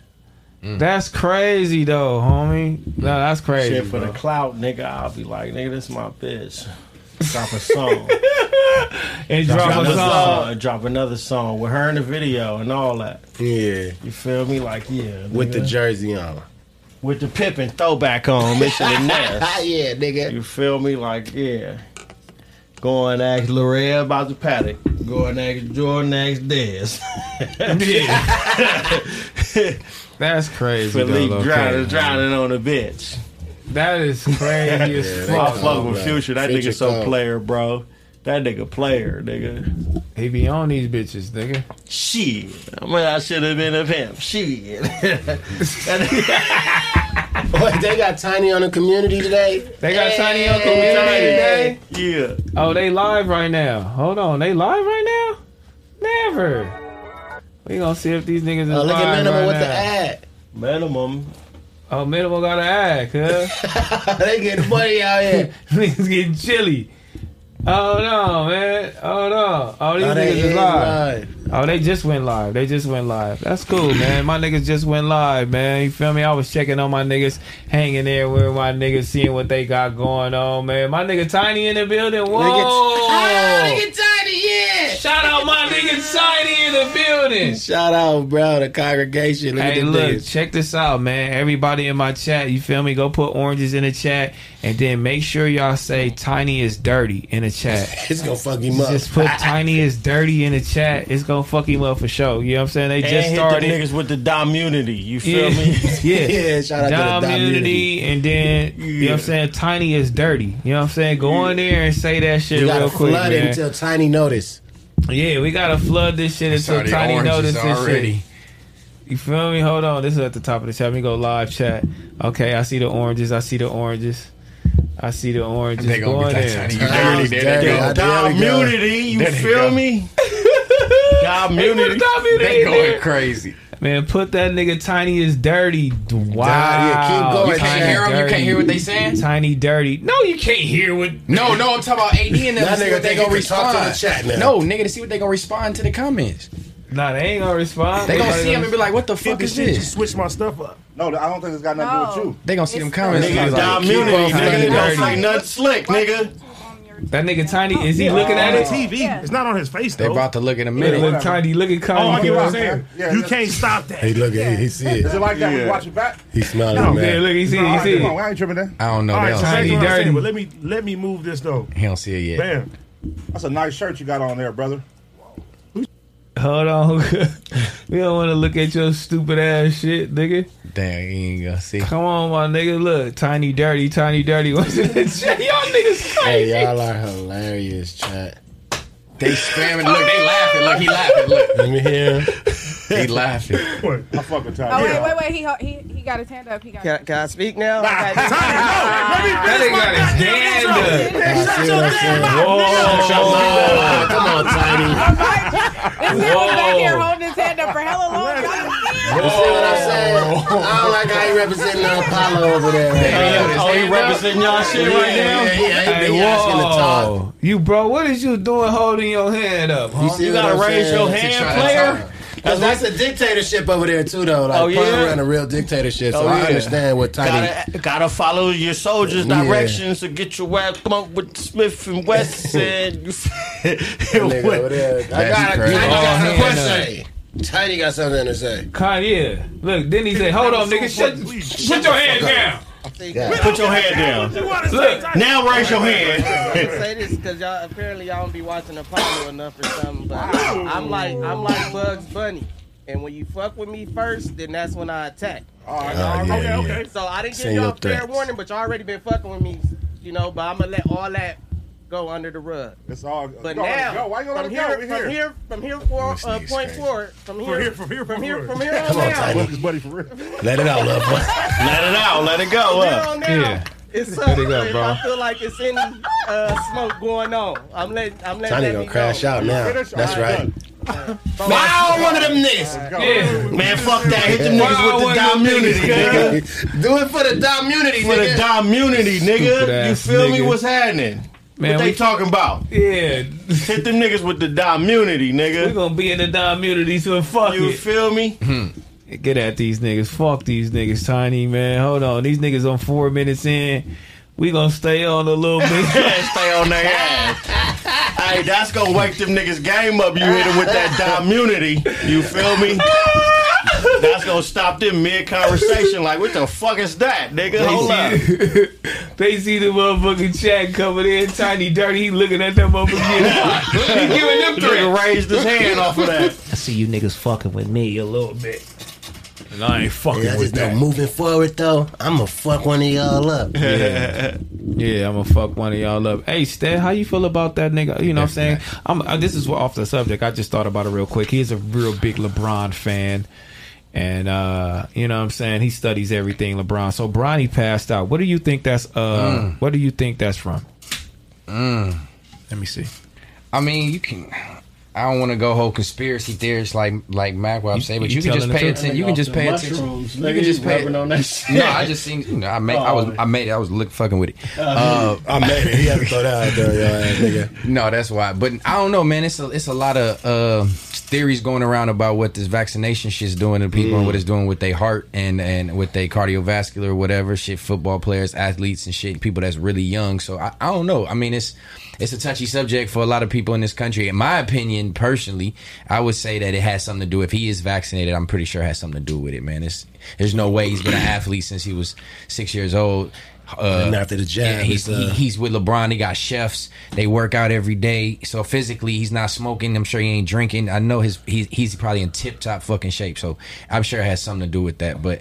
[SPEAKER 1] That's crazy though, homie. No, that's crazy.
[SPEAKER 3] Shit for
[SPEAKER 1] bro.
[SPEAKER 3] the clout, nigga. I'll be like, nigga, this my bitch. Drop a song.
[SPEAKER 1] and drop, a
[SPEAKER 3] another
[SPEAKER 1] song.
[SPEAKER 3] and Drop another song with her in the video and all that.
[SPEAKER 2] Yeah.
[SPEAKER 3] You feel me? Like, yeah.
[SPEAKER 2] With the
[SPEAKER 3] nigga.
[SPEAKER 2] jersey on.
[SPEAKER 3] With the Pippin throwback on. Mission and that.
[SPEAKER 2] yeah, nigga.
[SPEAKER 3] You feel me? Like, yeah. Go and ask Lorel about the paddock. Go and ask Jordan, ask Dez.
[SPEAKER 1] That's crazy. though,
[SPEAKER 3] Philippe
[SPEAKER 1] low-key.
[SPEAKER 3] drowning, drowning on the bench.
[SPEAKER 1] That is crazy as fuck.
[SPEAKER 3] I fuck with Future. That
[SPEAKER 1] Future
[SPEAKER 3] nigga so
[SPEAKER 1] cold.
[SPEAKER 3] player, bro. That nigga player, nigga.
[SPEAKER 1] He be on these bitches, nigga.
[SPEAKER 3] Shit. I mean, I should have been a pimp. Shit.
[SPEAKER 2] Boy, they got tiny on the community today.
[SPEAKER 1] They got Tiny on
[SPEAKER 2] Hey.
[SPEAKER 1] community today.
[SPEAKER 3] Yeah.
[SPEAKER 1] Oh, they live right now. Hold on, they live right now? Never. We gonna see if these niggas is
[SPEAKER 2] Oh, look at
[SPEAKER 1] live
[SPEAKER 2] Minimum
[SPEAKER 1] right
[SPEAKER 2] with the
[SPEAKER 1] now.
[SPEAKER 2] ad.
[SPEAKER 3] Minimum.
[SPEAKER 1] Oh, minimal got an ad, cuz.
[SPEAKER 2] they getting money out here.
[SPEAKER 1] niggas getting chilly. Oh no, man. Oh no. Oh, these
[SPEAKER 2] Oh, they
[SPEAKER 1] niggas is
[SPEAKER 2] is
[SPEAKER 1] live. Oh, they just went live. They just went live. That's cool, man. My niggas just went live, man. You feel me? I was checking on my niggas, hanging there with my niggas, seeing what they got going on, man. My nigga Tiny in the building. Whoa.
[SPEAKER 2] Ah, Nigga Tiny, yeah.
[SPEAKER 1] Shout out my nigga Tiny in the building.
[SPEAKER 2] Shout out, bro, the congregation. Look
[SPEAKER 1] hey,
[SPEAKER 2] at them
[SPEAKER 1] look,
[SPEAKER 2] niggas.
[SPEAKER 1] check this out, man. Everybody in my chat, you feel me? Go put oranges in the chat, and then make sure y'all say "Tiny is dirty" in the chat.
[SPEAKER 2] It's gonna fuck him up.
[SPEAKER 1] Just put "Tiny is dirty" in the chat. It's gonna fuck him up for sure. You know what I'm saying? They
[SPEAKER 3] and
[SPEAKER 1] just
[SPEAKER 3] hit
[SPEAKER 1] started.
[SPEAKER 3] the niggas with the domunity. You feel
[SPEAKER 1] yeah,
[SPEAKER 3] me?
[SPEAKER 1] yeah,
[SPEAKER 2] shout out to the
[SPEAKER 1] Dom
[SPEAKER 2] Dom
[SPEAKER 1] Unity,
[SPEAKER 2] Unity.
[SPEAKER 1] and then you know what I'm saying. Tiny is dirty. You know what I'm saying. Go on there and say that shit
[SPEAKER 2] You gotta
[SPEAKER 1] real quick,
[SPEAKER 2] flood it
[SPEAKER 1] man.
[SPEAKER 2] until Tiny notice.
[SPEAKER 1] Yeah, we gotta flood this shit until
[SPEAKER 2] Sorry,
[SPEAKER 1] Tiny
[SPEAKER 2] oranges
[SPEAKER 1] notices
[SPEAKER 2] already.
[SPEAKER 1] shit. You feel me? Hold on. This is at the top of the chat. Let me go live chat. Okay, I see the oranges. I see the oranges. I see the oranges.
[SPEAKER 10] They gonna
[SPEAKER 1] Go
[SPEAKER 10] be
[SPEAKER 1] in
[SPEAKER 10] like,
[SPEAKER 1] there.
[SPEAKER 10] "Tiny, you dirty." There they go. There we go.
[SPEAKER 3] Domunity. You
[SPEAKER 10] There they
[SPEAKER 3] feel
[SPEAKER 10] go.
[SPEAKER 3] me? Domunity.
[SPEAKER 1] They put a Dom Unity in there.
[SPEAKER 10] crazy.
[SPEAKER 1] Man, put that nigga Tiny is dirty. Wow.
[SPEAKER 4] yeah, keep going, You can't
[SPEAKER 1] Tiny
[SPEAKER 4] hear 'em? You can't
[SPEAKER 1] Dirty.
[SPEAKER 4] hear what they saying?
[SPEAKER 1] Tiny dirty. No, you can't hear what.
[SPEAKER 4] No, no, I'm talking about AD and them.
[SPEAKER 1] That
[SPEAKER 4] see
[SPEAKER 1] nigga
[SPEAKER 4] what they
[SPEAKER 1] think
[SPEAKER 4] gonna
[SPEAKER 1] he can talk
[SPEAKER 4] respond.
[SPEAKER 1] to the chat now.
[SPEAKER 4] No, nigga, to see what they gonna respond to the comments.
[SPEAKER 1] Nah, they ain't gonna respond.
[SPEAKER 4] They gonna see him and be like, "What the fuck is this?"
[SPEAKER 7] Switch my stuff up. No, I don't think it's got nothing to do with you.
[SPEAKER 4] They gonna see them comments.
[SPEAKER 7] Nigga,
[SPEAKER 4] and be
[SPEAKER 7] Dom
[SPEAKER 4] like, keep
[SPEAKER 7] Unity,
[SPEAKER 4] on
[SPEAKER 7] nigga,
[SPEAKER 4] fucking
[SPEAKER 7] don't
[SPEAKER 4] dirty.
[SPEAKER 7] say nothing
[SPEAKER 3] slick, nigga.
[SPEAKER 1] That nigga Tiny, is he looking at it?
[SPEAKER 7] TV. It's not on his face though.
[SPEAKER 4] They about to look in a
[SPEAKER 1] Look,
[SPEAKER 4] minute.
[SPEAKER 1] look, Tiny, look at Connie.
[SPEAKER 7] Oh, I get what I'm saying.
[SPEAKER 1] Yeah,
[SPEAKER 7] you
[SPEAKER 1] that's-
[SPEAKER 7] can't stop that.
[SPEAKER 2] He look at it. He see it.
[SPEAKER 7] Is it like that when
[SPEAKER 2] Yeah.
[SPEAKER 7] you watch it back?
[SPEAKER 2] He smiling.
[SPEAKER 7] No,
[SPEAKER 2] man.
[SPEAKER 1] yeah, look, he see it, he see it.
[SPEAKER 7] Come on, I ain't tripping that.
[SPEAKER 4] I don't know.
[SPEAKER 7] All
[SPEAKER 4] They
[SPEAKER 7] right, so
[SPEAKER 4] don't
[SPEAKER 7] that's
[SPEAKER 4] see
[SPEAKER 7] what I'm
[SPEAKER 4] it.
[SPEAKER 7] saying, but let me let me move this though.
[SPEAKER 4] He don't see it yet.
[SPEAKER 7] Bam. That's a nice shirt you got on there, brother.
[SPEAKER 1] Hold on. we don't want to look at your stupid ass shit, nigga.
[SPEAKER 4] Damn, you ain't gonna see.
[SPEAKER 1] Come on, my nigga. Look, Tiny Dirty, Tiny Dirty. What's in the chat? Y'all niggas crazy.
[SPEAKER 2] Hey, y'all are hilarious, chat.
[SPEAKER 4] They spamming. Look, they laughing. Look, he laughing. Look,
[SPEAKER 2] let me hear. Him.
[SPEAKER 4] he laughing.
[SPEAKER 7] I fuck with
[SPEAKER 14] Oh wait, wait, wait! He ho- he he got his hand up. He got.
[SPEAKER 15] Can, can I speak now? I got-
[SPEAKER 1] Whoa.
[SPEAKER 3] Oh,
[SPEAKER 2] Come on, Tiny.
[SPEAKER 14] This man was back here holding his hand up for hella long.
[SPEAKER 2] You see what I'm saying? I don't like how he representing the Apollo over there. Uh,
[SPEAKER 1] Oh, he representing y'all shit
[SPEAKER 2] Yeah,
[SPEAKER 1] right now?
[SPEAKER 2] yeah, yeah, he
[SPEAKER 1] Hey,
[SPEAKER 2] been asking to talk.
[SPEAKER 1] whoa. You, bro, what is you doing holding your hand up? huh?
[SPEAKER 2] see what I'm saying? Cause that's a dictatorship over there too, though. Like
[SPEAKER 3] Oh, yeah?
[SPEAKER 2] Pearl ran a real dictatorship, so
[SPEAKER 3] Oh,
[SPEAKER 2] I
[SPEAKER 3] yeah.
[SPEAKER 2] understand what Tiny.
[SPEAKER 3] Gotta, gotta follow your soldiers'
[SPEAKER 2] Yeah.
[SPEAKER 3] directions to get your ass bumped with Smith and Wesson.
[SPEAKER 2] nigga over there. I got a, Tiny got a question. Tiny got something to say.
[SPEAKER 1] Kanye, look, then he said, hold on, nigga, shut, put your hand down.
[SPEAKER 3] Put your hand down.
[SPEAKER 1] Look,
[SPEAKER 3] now raise your
[SPEAKER 15] I
[SPEAKER 3] hand.
[SPEAKER 15] say this because y'all apparently y'all don't be watching Apollo enough or something. But I'm like I'm like Bugs Bunny, and when you fuck with me first, then that's when I attack.
[SPEAKER 2] Oh, yeah, okay, yeah. okay.
[SPEAKER 15] So I didn't give
[SPEAKER 2] Send
[SPEAKER 15] y'all
[SPEAKER 2] your
[SPEAKER 15] fair
[SPEAKER 2] threats.
[SPEAKER 15] warning, but y'all already been fucking with me, you know. But I'm gonna let all that go under the rug.
[SPEAKER 7] It's all.
[SPEAKER 15] But
[SPEAKER 7] Go, let it
[SPEAKER 15] now,
[SPEAKER 7] go. Why you gonna
[SPEAKER 15] from,
[SPEAKER 7] let it go?
[SPEAKER 15] here,
[SPEAKER 7] We here.
[SPEAKER 15] from here, from here, for
[SPEAKER 7] This
[SPEAKER 15] uh,
[SPEAKER 7] nigga's
[SPEAKER 15] point
[SPEAKER 7] crazy.
[SPEAKER 15] forward, from
[SPEAKER 7] From
[SPEAKER 15] here,
[SPEAKER 7] here, from here,
[SPEAKER 15] from
[SPEAKER 7] from
[SPEAKER 15] here,
[SPEAKER 7] here.
[SPEAKER 15] from here on
[SPEAKER 7] Come on,
[SPEAKER 15] down.
[SPEAKER 7] Tiny. buddy, for real.
[SPEAKER 2] Let it out, love.
[SPEAKER 3] Let it out. Let it go.
[SPEAKER 15] Now,
[SPEAKER 3] Up.
[SPEAKER 15] now, It's up.
[SPEAKER 3] Let it go,
[SPEAKER 15] if
[SPEAKER 3] bro.
[SPEAKER 15] I feel like it's any uh, smoke going on, I'm letting. I'm letting.
[SPEAKER 2] Tiny
[SPEAKER 15] that
[SPEAKER 2] gonna
[SPEAKER 15] be
[SPEAKER 2] crash
[SPEAKER 15] known.
[SPEAKER 2] out now. That's right.
[SPEAKER 15] Wow,
[SPEAKER 2] one of them niggas.
[SPEAKER 3] Man, fuck that. Hit them niggas with the Dom Unity, nigga.
[SPEAKER 2] Do it for the Dom Unity,
[SPEAKER 3] For the
[SPEAKER 2] nigga.
[SPEAKER 3] Dom Unity,
[SPEAKER 2] Stupid
[SPEAKER 3] nigga. You
[SPEAKER 2] ass
[SPEAKER 3] feel me?
[SPEAKER 2] nigga.
[SPEAKER 3] What's happening?
[SPEAKER 1] Man,
[SPEAKER 3] what they
[SPEAKER 1] we-
[SPEAKER 3] talking about?
[SPEAKER 1] Yeah.
[SPEAKER 3] Hit them niggas with the Dom Unity, nigga.
[SPEAKER 1] we gonna be in the dumb unity, so fuck
[SPEAKER 3] You
[SPEAKER 1] it.
[SPEAKER 3] feel me?
[SPEAKER 1] Get at these niggas. Fuck these niggas, Tiny, man. Hold on. These niggas on four minutes in. We gonna stay on a little bit.
[SPEAKER 3] Stay on their ass. hey, that's gonna wake them niggas game up. You hit them with that Dom Unity. You feel me? That's gonna stop them mid conversation. Like, what the fuck is that, nigga? Hold up.
[SPEAKER 1] they see the motherfucking chat coming in, tiny, dirty. He looking at that motherfucker. he giving them
[SPEAKER 3] Nigga
[SPEAKER 1] three.
[SPEAKER 3] raised his hand off of that.
[SPEAKER 1] I see you niggas fucking with me a little bit, and I ain't fucking
[SPEAKER 2] Yeah, I
[SPEAKER 1] with
[SPEAKER 2] just know
[SPEAKER 1] that.
[SPEAKER 2] moving forward though, I'ma fuck one of y'all up.
[SPEAKER 1] Yeah. yeah, I'm gonna fuck one of y'all up. Hey, Stan, how you feel about that nigga? You know what I'm saying? I'm uh, this is off the subject. I just thought about it real quick. He's a real big LeBron fan. And uh, you know what I'm saying? He studies everything LeBron. So Bronny passed out. What do you think that's uh
[SPEAKER 4] Mm.
[SPEAKER 1] what do you think that's from?
[SPEAKER 4] Mm.
[SPEAKER 1] Let me see.
[SPEAKER 4] I mean, you can. I don't want to go whole conspiracy theorist like like Mac what I'm saying, but
[SPEAKER 5] you
[SPEAKER 4] you, can just
[SPEAKER 5] telling the
[SPEAKER 4] pay
[SPEAKER 5] truth.
[SPEAKER 4] attention. You can just pay attention.
[SPEAKER 5] Mushrooms,
[SPEAKER 4] You
[SPEAKER 5] nigga,
[SPEAKER 4] can just
[SPEAKER 5] you
[SPEAKER 4] pay
[SPEAKER 5] rubbing on that shit. Oh. Uh-huh.
[SPEAKER 4] No, I just seen. You know, I made. I was. I made it. I was look fucking with it.
[SPEAKER 2] Uh, I made it. He had to throw that out there, y'all ass
[SPEAKER 4] nigga. No, that's why. But I don't know, man. It's a it's a lot of uh, theories going around about what this vaccination shit's doing to people and
[SPEAKER 5] Mm.
[SPEAKER 4] what it's doing with their heart and and with their cardiovascular or whatever shit. Football players, athletes, and shit. People that's really young. So I, I don't know. I mean, it's it's a touchy subject for a lot of people in this country. In my opinion, personally, I would say that it has something to do. If he is vaccinated, I'm pretty sure it has something to do with it, man. It's there's no way he's been an athlete since he was six years old. Uh,
[SPEAKER 2] And after the jab,
[SPEAKER 4] yeah, he's,
[SPEAKER 2] it's, uh,
[SPEAKER 4] he- he's with LeBron. They got chefs. They work out every day. So physically, he's not smoking. I'm sure he ain't drinking. I know his he's, he's probably in tip top fucking shape. So I'm sure it has something to do with that. But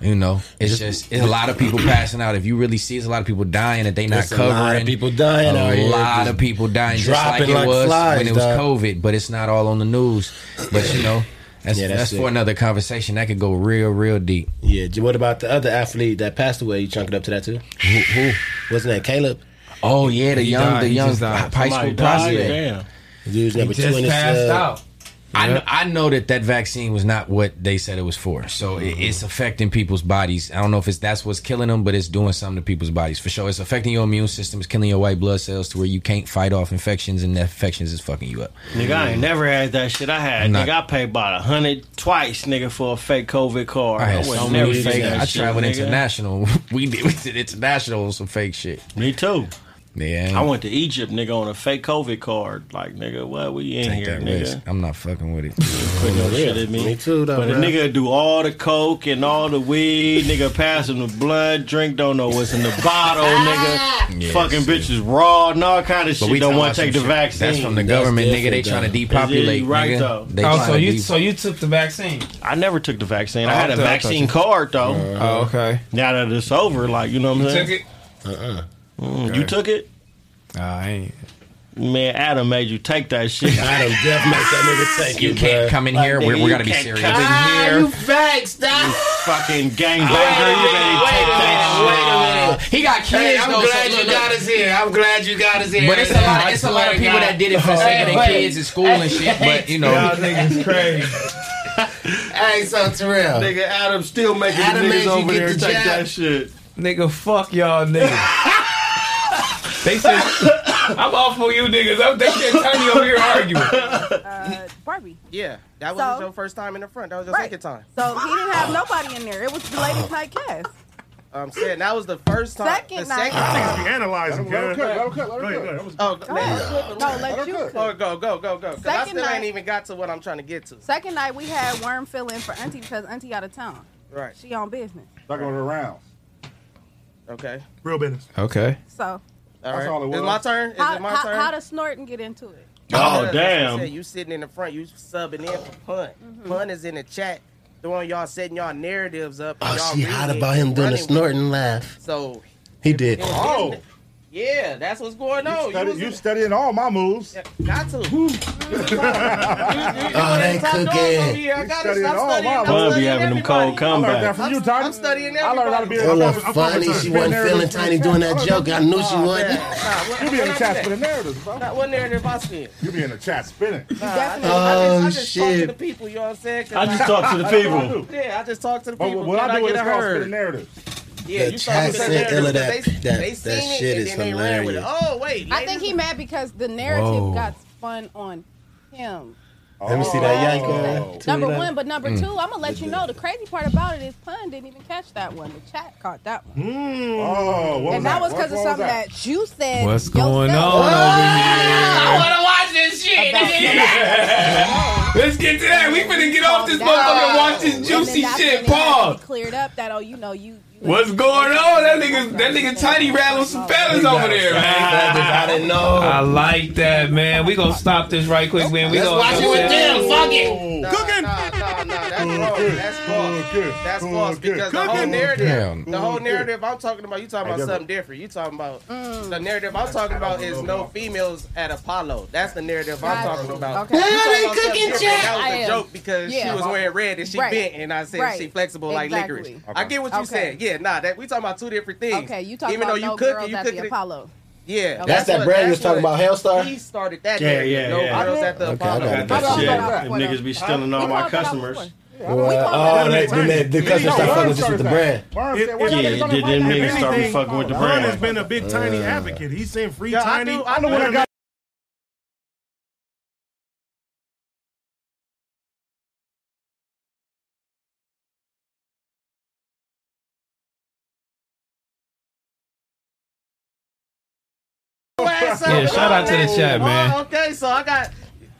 [SPEAKER 4] you know, it's just it's a lot of people passing out. If you really see, it's a lot of people dying that they not
[SPEAKER 2] It's a lot
[SPEAKER 4] covering.
[SPEAKER 2] of people dying out
[SPEAKER 4] A
[SPEAKER 2] here,
[SPEAKER 4] lot
[SPEAKER 2] just
[SPEAKER 4] of people dying, just like it
[SPEAKER 2] dropping like
[SPEAKER 4] was
[SPEAKER 2] flies,
[SPEAKER 4] when it was
[SPEAKER 2] dog.
[SPEAKER 4] COVID. But it's not all on the news. But you know, that's
[SPEAKER 2] Yeah,
[SPEAKER 4] that's,
[SPEAKER 2] that's
[SPEAKER 4] for
[SPEAKER 2] it.
[SPEAKER 4] another conversation. That could go real, real deep.
[SPEAKER 2] Yeah. j- What about the other athlete that passed away? You chunk it up to that too? Who? who? Wasn't that Caleb?
[SPEAKER 4] Oh yeah, the He young- died. the He young just died. high school Somebody died? prospect. Damn.
[SPEAKER 2] Dude's number
[SPEAKER 4] He
[SPEAKER 2] two
[SPEAKER 4] just
[SPEAKER 2] in this.
[SPEAKER 4] passed
[SPEAKER 2] uh,
[SPEAKER 4] out. I know, I know that that vaccine was not what they said it was for. So it,
[SPEAKER 3] Mm-hmm.
[SPEAKER 4] it's affecting people's bodies. I don't know if it's that's what's killing them, but it's doing something to people's bodies for sure. It's affecting your immune system. It's killing your white blood cells to where you can't fight off infections, and the infections is fucking you up.
[SPEAKER 3] Nigga, I ain't never had that shit. I had,
[SPEAKER 4] I'm not-
[SPEAKER 3] nigga, I paid about a hundred twice, nigga, for a fake COVID card.
[SPEAKER 4] I had
[SPEAKER 3] was
[SPEAKER 4] so
[SPEAKER 3] never
[SPEAKER 4] many
[SPEAKER 3] fake
[SPEAKER 4] fake.
[SPEAKER 3] that
[SPEAKER 4] I
[SPEAKER 3] shit,
[SPEAKER 4] traveled
[SPEAKER 3] nigga.
[SPEAKER 4] international. We did, we did international with some fake shit.
[SPEAKER 3] Me too.
[SPEAKER 4] Yeah,
[SPEAKER 3] I went to Egypt, nigga, on a fake COVID card. Like, nigga, what we in
[SPEAKER 4] Take
[SPEAKER 3] here,
[SPEAKER 4] that
[SPEAKER 3] nigga?
[SPEAKER 4] risk. I'm not fucking with it.
[SPEAKER 3] Putting no
[SPEAKER 4] Yeah,
[SPEAKER 3] shit at me.
[SPEAKER 4] me too, though,
[SPEAKER 3] But a
[SPEAKER 4] bruh.
[SPEAKER 3] nigga do all the coke and all the weed, nigga pass him the blunt, drink, don't know what's in the bottle, nigga.
[SPEAKER 4] Yeah,
[SPEAKER 3] Fucking bitches raw and all kind of
[SPEAKER 4] But
[SPEAKER 3] shit.
[SPEAKER 4] we
[SPEAKER 3] Don't
[SPEAKER 4] talking
[SPEAKER 3] want
[SPEAKER 4] about
[SPEAKER 3] to take the
[SPEAKER 4] some shit-
[SPEAKER 3] vaccine.
[SPEAKER 4] that's from the government, nigga. They
[SPEAKER 3] different,
[SPEAKER 4] trying to
[SPEAKER 3] though.
[SPEAKER 4] depopulate,
[SPEAKER 3] You right
[SPEAKER 4] nigga.
[SPEAKER 3] though.
[SPEAKER 4] They Oh, so trying to you- de- so
[SPEAKER 1] you took the vaccine?
[SPEAKER 3] I never took the vaccine. I
[SPEAKER 4] Oh,
[SPEAKER 3] had
[SPEAKER 4] I
[SPEAKER 3] a
[SPEAKER 4] thought- I thought
[SPEAKER 3] vaccine
[SPEAKER 4] you-
[SPEAKER 3] card though.
[SPEAKER 4] Oh, okay.
[SPEAKER 3] Now that it's over, like you know what I'm
[SPEAKER 4] You
[SPEAKER 3] saying.
[SPEAKER 4] took it?
[SPEAKER 3] Uh-uh.
[SPEAKER 4] Okay.
[SPEAKER 3] You took it?
[SPEAKER 4] I ain't.
[SPEAKER 3] Man, Adam made you take that shit. Adam definitely made that nigga take
[SPEAKER 4] You can't come in here. We're, we're gonna be serious.
[SPEAKER 3] Ah,
[SPEAKER 4] in
[SPEAKER 3] you
[SPEAKER 15] Facts, dog.
[SPEAKER 3] fucking gangbanger.
[SPEAKER 4] He got
[SPEAKER 15] Hey,
[SPEAKER 4] kids,
[SPEAKER 15] I'm
[SPEAKER 4] though, so
[SPEAKER 15] glad you
[SPEAKER 4] look,
[SPEAKER 15] got
[SPEAKER 4] look.
[SPEAKER 15] us here. I'm glad you got us here.
[SPEAKER 4] But it's a lot. Of, it's a lot of people that did it for the sake of their kids in school and shit. But you know,
[SPEAKER 2] Y'all
[SPEAKER 1] niggas crazy.
[SPEAKER 15] Hey, so Terrell.
[SPEAKER 3] Nigga, Adam still making
[SPEAKER 1] the Adam niggas made you over get there the take jab. that
[SPEAKER 3] shit.
[SPEAKER 1] Nigga, fuck y'all niggas. they said, I'm off for you niggas. I'm, they said, Tony over here arguing.
[SPEAKER 15] Barbie. Yeah, that was your first time in the front. That was your second time. Oh.
[SPEAKER 14] So he didn't have nobody in there. It was the ladies' night cast.
[SPEAKER 15] I'm saying that was the first time.
[SPEAKER 14] Second
[SPEAKER 15] the
[SPEAKER 14] night.
[SPEAKER 7] Niggas be analyzing,
[SPEAKER 15] Let her
[SPEAKER 7] cuz.
[SPEAKER 15] cook, let her cook,
[SPEAKER 7] Go ahead, go ahead.
[SPEAKER 15] Oh, go
[SPEAKER 14] ahead. No, let you cook.
[SPEAKER 15] Oh, go, go, go, go. 'Cause I
[SPEAKER 14] Second
[SPEAKER 15] still ain't
[SPEAKER 14] night-
[SPEAKER 15] even got to what I'm trying to get to.
[SPEAKER 14] Second night we had worm filling for Auntie because Auntie out of town.
[SPEAKER 15] Right.
[SPEAKER 14] She on business.
[SPEAKER 7] Back on the rounds.
[SPEAKER 15] Okay.
[SPEAKER 7] Real business.
[SPEAKER 4] Okay.
[SPEAKER 14] So
[SPEAKER 15] All
[SPEAKER 7] That's
[SPEAKER 15] right.
[SPEAKER 7] all it
[SPEAKER 15] Is
[SPEAKER 7] was.
[SPEAKER 15] my turn? Is
[SPEAKER 14] how,
[SPEAKER 15] it my
[SPEAKER 14] how,
[SPEAKER 15] turn?
[SPEAKER 14] how does snorting get into it?
[SPEAKER 3] Oh,
[SPEAKER 15] That's what I
[SPEAKER 3] damn.
[SPEAKER 15] said. You sitting in the front, you subbing in for pun. Pun is in the chat, throwing y'all setting y'all narratives up. and
[SPEAKER 2] Oh,
[SPEAKER 15] y'all
[SPEAKER 2] she
[SPEAKER 15] reading
[SPEAKER 2] hot
[SPEAKER 15] it
[SPEAKER 2] about him
[SPEAKER 15] and
[SPEAKER 2] doing a
[SPEAKER 15] running with
[SPEAKER 2] snorting laugh.
[SPEAKER 15] it. So
[SPEAKER 2] He did.
[SPEAKER 15] Oh. yeah, that's what's going on.
[SPEAKER 7] study-
[SPEAKER 15] was
[SPEAKER 7] you
[SPEAKER 15] in-
[SPEAKER 7] studying all my moves.
[SPEAKER 15] Got to. You was the top- you- you- you
[SPEAKER 7] Oh,
[SPEAKER 15] were
[SPEAKER 7] they
[SPEAKER 15] the top dog
[SPEAKER 7] cooking.
[SPEAKER 15] over here. I
[SPEAKER 7] You
[SPEAKER 15] gotta
[SPEAKER 7] studying Oh,
[SPEAKER 15] stop
[SPEAKER 7] all
[SPEAKER 15] studying.
[SPEAKER 7] my
[SPEAKER 3] Bun
[SPEAKER 15] I'm
[SPEAKER 3] be
[SPEAKER 15] studying
[SPEAKER 3] having them
[SPEAKER 15] everybody.
[SPEAKER 3] cold I learned that comebacks. from
[SPEAKER 15] I'm-
[SPEAKER 3] you,
[SPEAKER 15] I'm studying
[SPEAKER 7] I
[SPEAKER 15] everybody.
[SPEAKER 7] learned how to be
[SPEAKER 2] It looked funny. She wasn't feeling tiny Oh, doing that joke. I knew she wasn't.
[SPEAKER 7] You be in the chat for the narratives, bro.
[SPEAKER 15] Not one narrative I spin.
[SPEAKER 7] You be in the chat spinning.
[SPEAKER 15] Definitely.
[SPEAKER 2] Oh,
[SPEAKER 15] I just, I just talk to
[SPEAKER 2] shit.
[SPEAKER 15] the people, you know what I'm saying? 'Cause
[SPEAKER 7] I just talk to the
[SPEAKER 15] that's what I
[SPEAKER 7] people.
[SPEAKER 15] do. Yeah, I just talk to the
[SPEAKER 7] But
[SPEAKER 15] people.
[SPEAKER 7] what I
[SPEAKER 15] Then
[SPEAKER 7] do is
[SPEAKER 15] get
[SPEAKER 7] call
[SPEAKER 15] heard.
[SPEAKER 7] spinning narratives.
[SPEAKER 15] Yeah,
[SPEAKER 2] The
[SPEAKER 15] you talk to the
[SPEAKER 2] Jackson
[SPEAKER 15] narrative,
[SPEAKER 2] Illa, that-
[SPEAKER 15] 'cause they-
[SPEAKER 2] that-
[SPEAKER 15] they
[SPEAKER 2] that
[SPEAKER 15] seen it,
[SPEAKER 2] shit
[SPEAKER 15] and
[SPEAKER 2] is
[SPEAKER 15] then they ran with it.
[SPEAKER 2] hilarious.
[SPEAKER 15] Oh wait,
[SPEAKER 14] I think he mad because the narrative
[SPEAKER 2] Whoa.
[SPEAKER 14] got spun on him.
[SPEAKER 2] Let me see that yank.
[SPEAKER 14] Number one, but number
[SPEAKER 2] Mm.
[SPEAKER 14] two, I'm gonna let you know the crazy part about it is pun didn't even catch that one. The chat caught that one.
[SPEAKER 7] Oh, what was
[SPEAKER 14] and that was
[SPEAKER 7] What-
[SPEAKER 14] because of
[SPEAKER 7] what was
[SPEAKER 14] something that? you said.
[SPEAKER 1] What's going on
[SPEAKER 14] I
[SPEAKER 1] over here?
[SPEAKER 14] wanna watch this shit.
[SPEAKER 1] Let's get to that. We finna get off this motherfucker and watch this juicy shit. Pause.
[SPEAKER 14] Cleared up that oh you know you.
[SPEAKER 1] What's going on? That nigga, that nigga Tiny rattling some feathers over there, man. I didn't know. I like that, man. We gonna stop this right quick, man. We
[SPEAKER 15] Let's
[SPEAKER 1] gonna
[SPEAKER 15] watch it with them. Fuck
[SPEAKER 1] it.
[SPEAKER 15] Nah, Cooking. Nah, nah, nah, that's false. That's false. That's false because the whole
[SPEAKER 1] Cooking.
[SPEAKER 15] narrative,
[SPEAKER 1] Damn.
[SPEAKER 15] the
[SPEAKER 2] Mm-hmm.
[SPEAKER 15] whole narrative I'm talking about, you talking
[SPEAKER 1] I
[SPEAKER 15] about
[SPEAKER 1] never-
[SPEAKER 15] something different. You talking about
[SPEAKER 14] Mm.
[SPEAKER 15] the narrative I'm talking about is no females at Apollo. That's the narrative I'm talking about.
[SPEAKER 14] Okay.
[SPEAKER 15] You talking
[SPEAKER 14] Now they
[SPEAKER 15] about something
[SPEAKER 14] cooking
[SPEAKER 15] different.
[SPEAKER 14] chat.
[SPEAKER 15] That
[SPEAKER 14] I
[SPEAKER 15] was
[SPEAKER 14] am.
[SPEAKER 15] a joke because she
[SPEAKER 14] Yeah.
[SPEAKER 15] was wearing red and she
[SPEAKER 14] Right.
[SPEAKER 15] bent, and I said she
[SPEAKER 14] Right.
[SPEAKER 15] flexible like
[SPEAKER 14] Exactly.
[SPEAKER 15] licorice. I get what you
[SPEAKER 14] Okay.
[SPEAKER 15] said. Yeah, nah, that we talking about two different things.
[SPEAKER 14] Okay, you talking
[SPEAKER 15] Even
[SPEAKER 14] about
[SPEAKER 15] though you
[SPEAKER 14] no
[SPEAKER 15] cooking,
[SPEAKER 14] girls
[SPEAKER 15] you
[SPEAKER 14] at
[SPEAKER 15] cooking
[SPEAKER 14] the
[SPEAKER 15] it-
[SPEAKER 14] Apollo.
[SPEAKER 15] Yeah,
[SPEAKER 2] That's that
[SPEAKER 15] what-
[SPEAKER 2] Brad you was
[SPEAKER 15] that's
[SPEAKER 2] talking
[SPEAKER 15] what-
[SPEAKER 2] about, Hellstar?
[SPEAKER 15] He started that.
[SPEAKER 2] Yeah,
[SPEAKER 15] narrative.
[SPEAKER 2] yeah,
[SPEAKER 15] no
[SPEAKER 2] yeah.
[SPEAKER 15] girls at the
[SPEAKER 2] Okay, I
[SPEAKER 15] Apollo.
[SPEAKER 2] got that shit.
[SPEAKER 3] If niggas be stealing all my customers.
[SPEAKER 2] Well, oh, that, then that, the customer started fucking with just with the brand.
[SPEAKER 3] Yeah, did them niggas start fucking with the
[SPEAKER 7] Ron has
[SPEAKER 3] brand?
[SPEAKER 7] been a big tiny
[SPEAKER 3] Uh.
[SPEAKER 7] advocate. He's saying free
[SPEAKER 15] Yeah, I
[SPEAKER 7] tiny.
[SPEAKER 15] do- I do
[SPEAKER 7] When
[SPEAKER 15] wanna
[SPEAKER 7] got-
[SPEAKER 1] Yeah, shout out to the chat, man.
[SPEAKER 15] Oh, okay, so I got.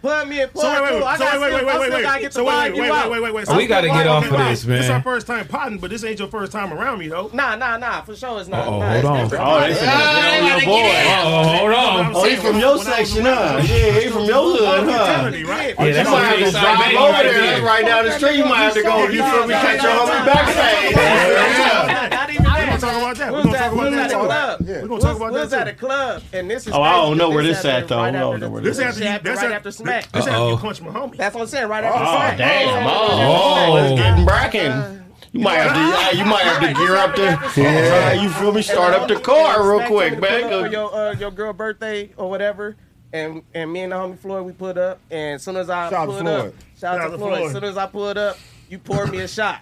[SPEAKER 15] Put me in
[SPEAKER 7] So wait,
[SPEAKER 15] part
[SPEAKER 7] wait,
[SPEAKER 15] two. I
[SPEAKER 7] wait, so wait,
[SPEAKER 15] got
[SPEAKER 7] wait,
[SPEAKER 15] still- I
[SPEAKER 7] wait, wait,
[SPEAKER 15] still
[SPEAKER 7] wait,
[SPEAKER 15] gotta get
[SPEAKER 7] So
[SPEAKER 15] the
[SPEAKER 7] wait,
[SPEAKER 15] vibe
[SPEAKER 7] wait,
[SPEAKER 15] you
[SPEAKER 7] wait,
[SPEAKER 15] out.
[SPEAKER 7] wait, wait, wait.
[SPEAKER 1] We gotta get off of this,
[SPEAKER 7] This
[SPEAKER 1] man.
[SPEAKER 7] our first time potting, but this ain't your first time around me though.
[SPEAKER 15] Nah, nah, nah. For sure, it's not.
[SPEAKER 1] Oh,
[SPEAKER 15] Nah,
[SPEAKER 1] hold
[SPEAKER 15] it's
[SPEAKER 1] on.
[SPEAKER 15] different.
[SPEAKER 1] Oh, they finna
[SPEAKER 15] Ah,
[SPEAKER 1] get on your
[SPEAKER 15] they wanna
[SPEAKER 1] boy.
[SPEAKER 15] get in.
[SPEAKER 1] Oh, hold on.
[SPEAKER 3] Oh, he from your section, huh? Yeah, he from your hood, huh?
[SPEAKER 1] Yeah,
[SPEAKER 3] You
[SPEAKER 1] that's
[SPEAKER 3] might have to
[SPEAKER 1] what
[SPEAKER 3] drive
[SPEAKER 1] I'm
[SPEAKER 3] over there. That's right down the street. You might have to go. You feel me? Catch your homie backstage. Yeah.
[SPEAKER 7] We're gonna talk about that. We're gonna talk about
[SPEAKER 15] Who's
[SPEAKER 7] that.
[SPEAKER 15] at the club?
[SPEAKER 7] too. We're gonna talk about
[SPEAKER 15] Who's at
[SPEAKER 7] that.
[SPEAKER 15] the club? And this is.
[SPEAKER 3] Oh, I don't
[SPEAKER 15] crazy
[SPEAKER 3] know where
[SPEAKER 15] because
[SPEAKER 3] this at though. I
[SPEAKER 15] happened right
[SPEAKER 3] don't know where
[SPEAKER 15] after-
[SPEAKER 3] this
[SPEAKER 15] This
[SPEAKER 3] at.
[SPEAKER 15] happened right after Smack.
[SPEAKER 7] This after
[SPEAKER 3] Uh-oh.
[SPEAKER 7] you punch my homie.
[SPEAKER 15] That's what I'm saying. Right after
[SPEAKER 3] Oh
[SPEAKER 15] Smack.
[SPEAKER 3] damn!
[SPEAKER 15] Right after
[SPEAKER 3] Oh,
[SPEAKER 15] Smack.
[SPEAKER 3] it's getting bracken. You might have to. You might have to gear up the. Yeah, you feel me? Start up the car real
[SPEAKER 15] uh, Smack
[SPEAKER 3] quick,
[SPEAKER 15] told me to pull
[SPEAKER 3] man.
[SPEAKER 15] up For your, uh, your girl birthday or whatever. and and me and the homie Floyd we put up, and as soon as I
[SPEAKER 6] Shout out to
[SPEAKER 15] pulled
[SPEAKER 6] Floyd.
[SPEAKER 15] up, shout out to Floyd. As soon as I pulled up, you poured me a shot.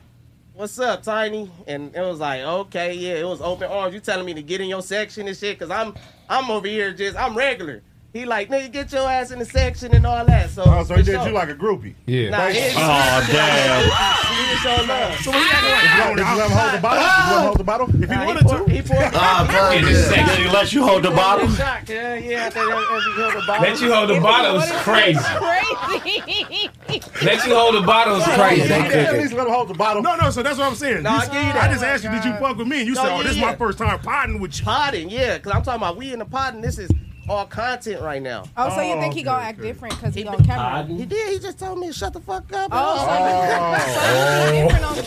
[SPEAKER 15] What's up, Tiny? And it was like, okay, yeah, it was open arms. You telling me to get in your section and shit, cause I'm I'm over here just I'm regular. He like, nigga, get your ass in the section and all that. So,
[SPEAKER 16] Oh, so he
[SPEAKER 15] for
[SPEAKER 16] did
[SPEAKER 15] sure.
[SPEAKER 16] you like a groupie.
[SPEAKER 15] Yeah. Nah, it's-
[SPEAKER 16] oh, damn.
[SPEAKER 15] You didn't show love. So we
[SPEAKER 16] Did you let him hold the bottle? Did you let him hold the bottle? If he wanted to.
[SPEAKER 15] He poured
[SPEAKER 16] Ah, bro,
[SPEAKER 15] In
[SPEAKER 16] yeah.
[SPEAKER 15] his section.
[SPEAKER 16] Did he let you hold the bottle?
[SPEAKER 15] Yeah, yeah, I think that- if you hold the bottle.
[SPEAKER 1] Let you hold the bottle is crazy.
[SPEAKER 14] Crazy.
[SPEAKER 1] Let you hold the bottle is crazy.
[SPEAKER 16] At least let him hold the bottle.
[SPEAKER 7] No, no. So that's what I'm saying.
[SPEAKER 15] Nah,
[SPEAKER 7] You-
[SPEAKER 15] I give you that.
[SPEAKER 7] just asked you, did you fuck with me? And you
[SPEAKER 15] No,
[SPEAKER 7] said, oh,
[SPEAKER 15] yeah,
[SPEAKER 7] this is my
[SPEAKER 15] yeah.
[SPEAKER 7] first time potting with you.
[SPEAKER 15] potting, yeah, because I'm talking about we in the potting. This is all content right now.
[SPEAKER 14] Oh, so you think he gonna act different because he on camera?
[SPEAKER 15] He did. He just told me to shut the fuck up.
[SPEAKER 14] Oh, so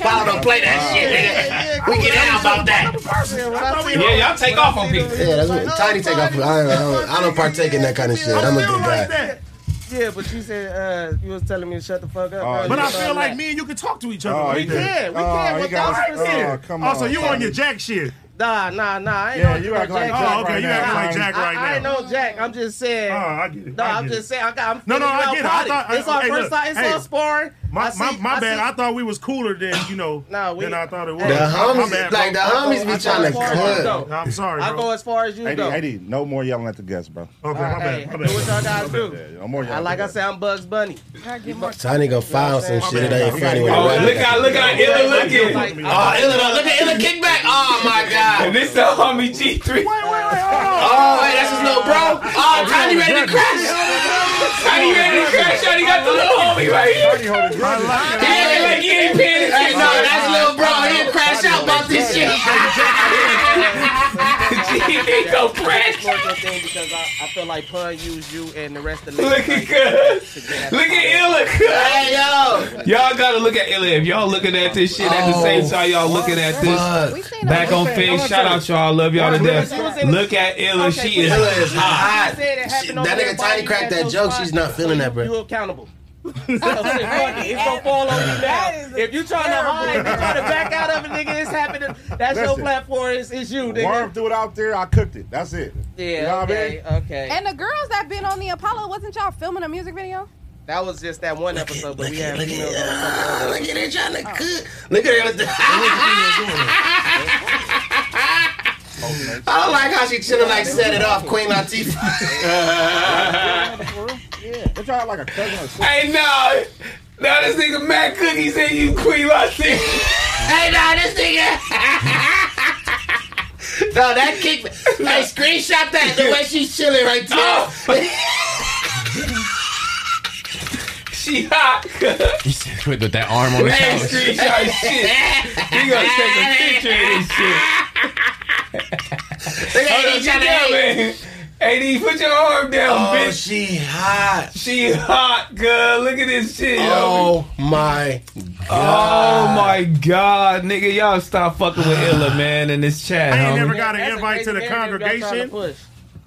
[SPEAKER 6] Bow don't play that shit, nigga. we get out about that.
[SPEAKER 1] Yeah, y'all take off on people.
[SPEAKER 2] Yeah, that's what Tiny take off. I don't, I don't, I don't partake in that kind of shit. I'm a good guy.
[SPEAKER 15] Yeah, but you said uh, you was telling me to shut the fuck up.
[SPEAKER 7] Oh, But I feel like me and you can talk to each other.
[SPEAKER 15] Oh,
[SPEAKER 7] we
[SPEAKER 15] he did.
[SPEAKER 7] can. We
[SPEAKER 15] Oh,
[SPEAKER 7] can.
[SPEAKER 15] he
[SPEAKER 7] One
[SPEAKER 15] got-
[SPEAKER 7] thousand
[SPEAKER 15] oh,
[SPEAKER 7] percent.
[SPEAKER 15] come
[SPEAKER 7] Also,
[SPEAKER 15] on,
[SPEAKER 7] you on
[SPEAKER 15] Tommy.
[SPEAKER 7] your jack shit.
[SPEAKER 15] Nah, nah, nah. I ain't
[SPEAKER 7] Yeah,
[SPEAKER 15] on
[SPEAKER 7] you
[SPEAKER 15] no
[SPEAKER 7] act like
[SPEAKER 15] Jack.
[SPEAKER 7] Jack Oh, okay, right you now. acting like Jack
[SPEAKER 15] I-
[SPEAKER 7] right
[SPEAKER 15] I, I ain't
[SPEAKER 7] now.
[SPEAKER 15] no Jack. I'm just saying. Oh, I get it. No,
[SPEAKER 7] I
[SPEAKER 15] I'm
[SPEAKER 7] get
[SPEAKER 15] just
[SPEAKER 7] it.
[SPEAKER 15] saying. I got. I'm
[SPEAKER 7] No, no,
[SPEAKER 15] feeling
[SPEAKER 7] I
[SPEAKER 15] out
[SPEAKER 7] get it. I
[SPEAKER 15] body.
[SPEAKER 7] thought,
[SPEAKER 15] it's our
[SPEAKER 7] hey,
[SPEAKER 15] first
[SPEAKER 7] look,
[SPEAKER 15] time. It's
[SPEAKER 7] hey,
[SPEAKER 15] our sparring.
[SPEAKER 7] My,
[SPEAKER 15] I see-
[SPEAKER 7] my, my
[SPEAKER 15] I
[SPEAKER 7] bad.
[SPEAKER 15] see-
[SPEAKER 7] I thought we was cooler than you know
[SPEAKER 15] Nah, we-
[SPEAKER 7] than I thought it was.
[SPEAKER 2] The
[SPEAKER 7] My- my
[SPEAKER 2] homies,
[SPEAKER 7] bad,
[SPEAKER 2] like the
[SPEAKER 7] bro.
[SPEAKER 2] homies,
[SPEAKER 7] I
[SPEAKER 2] be
[SPEAKER 7] thought
[SPEAKER 2] trying
[SPEAKER 7] it
[SPEAKER 2] to
[SPEAKER 7] was
[SPEAKER 2] cut.
[SPEAKER 7] I'm sorry,
[SPEAKER 15] I
[SPEAKER 7] bro.
[SPEAKER 15] go as far as you
[SPEAKER 16] AD,
[SPEAKER 15] go.
[SPEAKER 16] AD, no more yelling at the guests, bro.
[SPEAKER 7] Okay,
[SPEAKER 15] All right, do what y'all guys do.
[SPEAKER 16] No more
[SPEAKER 15] I
[SPEAKER 16] yelling.
[SPEAKER 15] like I said, I'm Bugs Bunny.
[SPEAKER 2] Tiny go file some shit. It ain't funny when it
[SPEAKER 6] Oh,
[SPEAKER 2] right.
[SPEAKER 6] look how- look how Illa looking.
[SPEAKER 2] Oh, Illa
[SPEAKER 6] done- look at Illa kickback. Oh, my God.
[SPEAKER 1] And this the homie G3. Wait, wait, wait,
[SPEAKER 6] Oh, hey, that's his little bro. Oh, Tiny ready to crash. Tiny ready to crash. Tiny got the little homie right here. He acting like he ain't paying attention. Hey, no, that's little bro. He'll crash out about this shit. He go crash.
[SPEAKER 15] More than thing because I, I feel like Pun used you and the rest of the
[SPEAKER 1] Look at cuz. Look at Illa.
[SPEAKER 6] Hey, yo.
[SPEAKER 1] Y'all gotta look at Illa. If y'all looking at this shit at the same time, y'all looking at this. Back on Fizz. Shout out y'all. Love y'all to death. Look at Illa. She is
[SPEAKER 2] Illa is
[SPEAKER 1] hot.
[SPEAKER 2] hot. She- That nigga Tiny cracked that joke. She's not feeling that, bro.
[SPEAKER 15] You accountable. So, fuck it. it's gonna fall on you now. If you trying to hide, if you trying to back out of it, nigga, it's happening. That's your
[SPEAKER 16] Listen.
[SPEAKER 15] platform. It's, it's you, nigga.
[SPEAKER 16] Worm threw it out there. I cooked it. That's it.
[SPEAKER 15] Yeah,
[SPEAKER 16] You know what I
[SPEAKER 15] okay,
[SPEAKER 16] mean?
[SPEAKER 15] okay.
[SPEAKER 14] And the girls that been on the Apollo, wasn't y'all filming a music video?
[SPEAKER 15] that was just that one episode, but we had females on
[SPEAKER 2] Look at it trying to cook. Look at it. I don't like how she chilling like set it off, Queen Latifah.
[SPEAKER 16] Yeah. They try like a cousin or something.
[SPEAKER 1] Hey, no. Now this nigga Matt Cookie said you Queen Latifah.
[SPEAKER 6] Hey, nah, this nigga. no, that kick. Hey, screenshot that. The way she's chilling right there.
[SPEAKER 1] She hot.
[SPEAKER 10] You said with, with that arm
[SPEAKER 4] Oh,
[SPEAKER 10] on the
[SPEAKER 1] Man,
[SPEAKER 10] couch.
[SPEAKER 1] screenshot shit. We gonna take a picture of this shit.
[SPEAKER 6] Look at
[SPEAKER 1] Hold
[SPEAKER 6] AD
[SPEAKER 1] on,
[SPEAKER 6] trying to
[SPEAKER 1] sit down,
[SPEAKER 6] hate.
[SPEAKER 1] man. AD, put your arm down,
[SPEAKER 2] Oh,
[SPEAKER 1] bitch.
[SPEAKER 2] She hot.
[SPEAKER 1] She hot, girl. Look at this shit, yo.
[SPEAKER 2] Oh my
[SPEAKER 1] Oh my god, nigga, y'all stop fucking with Illa, man, in this chat.
[SPEAKER 7] I ain't
[SPEAKER 1] homie.
[SPEAKER 7] never got an invite to the
[SPEAKER 15] crazy narrative y'all trying to
[SPEAKER 7] congregation.
[SPEAKER 15] push.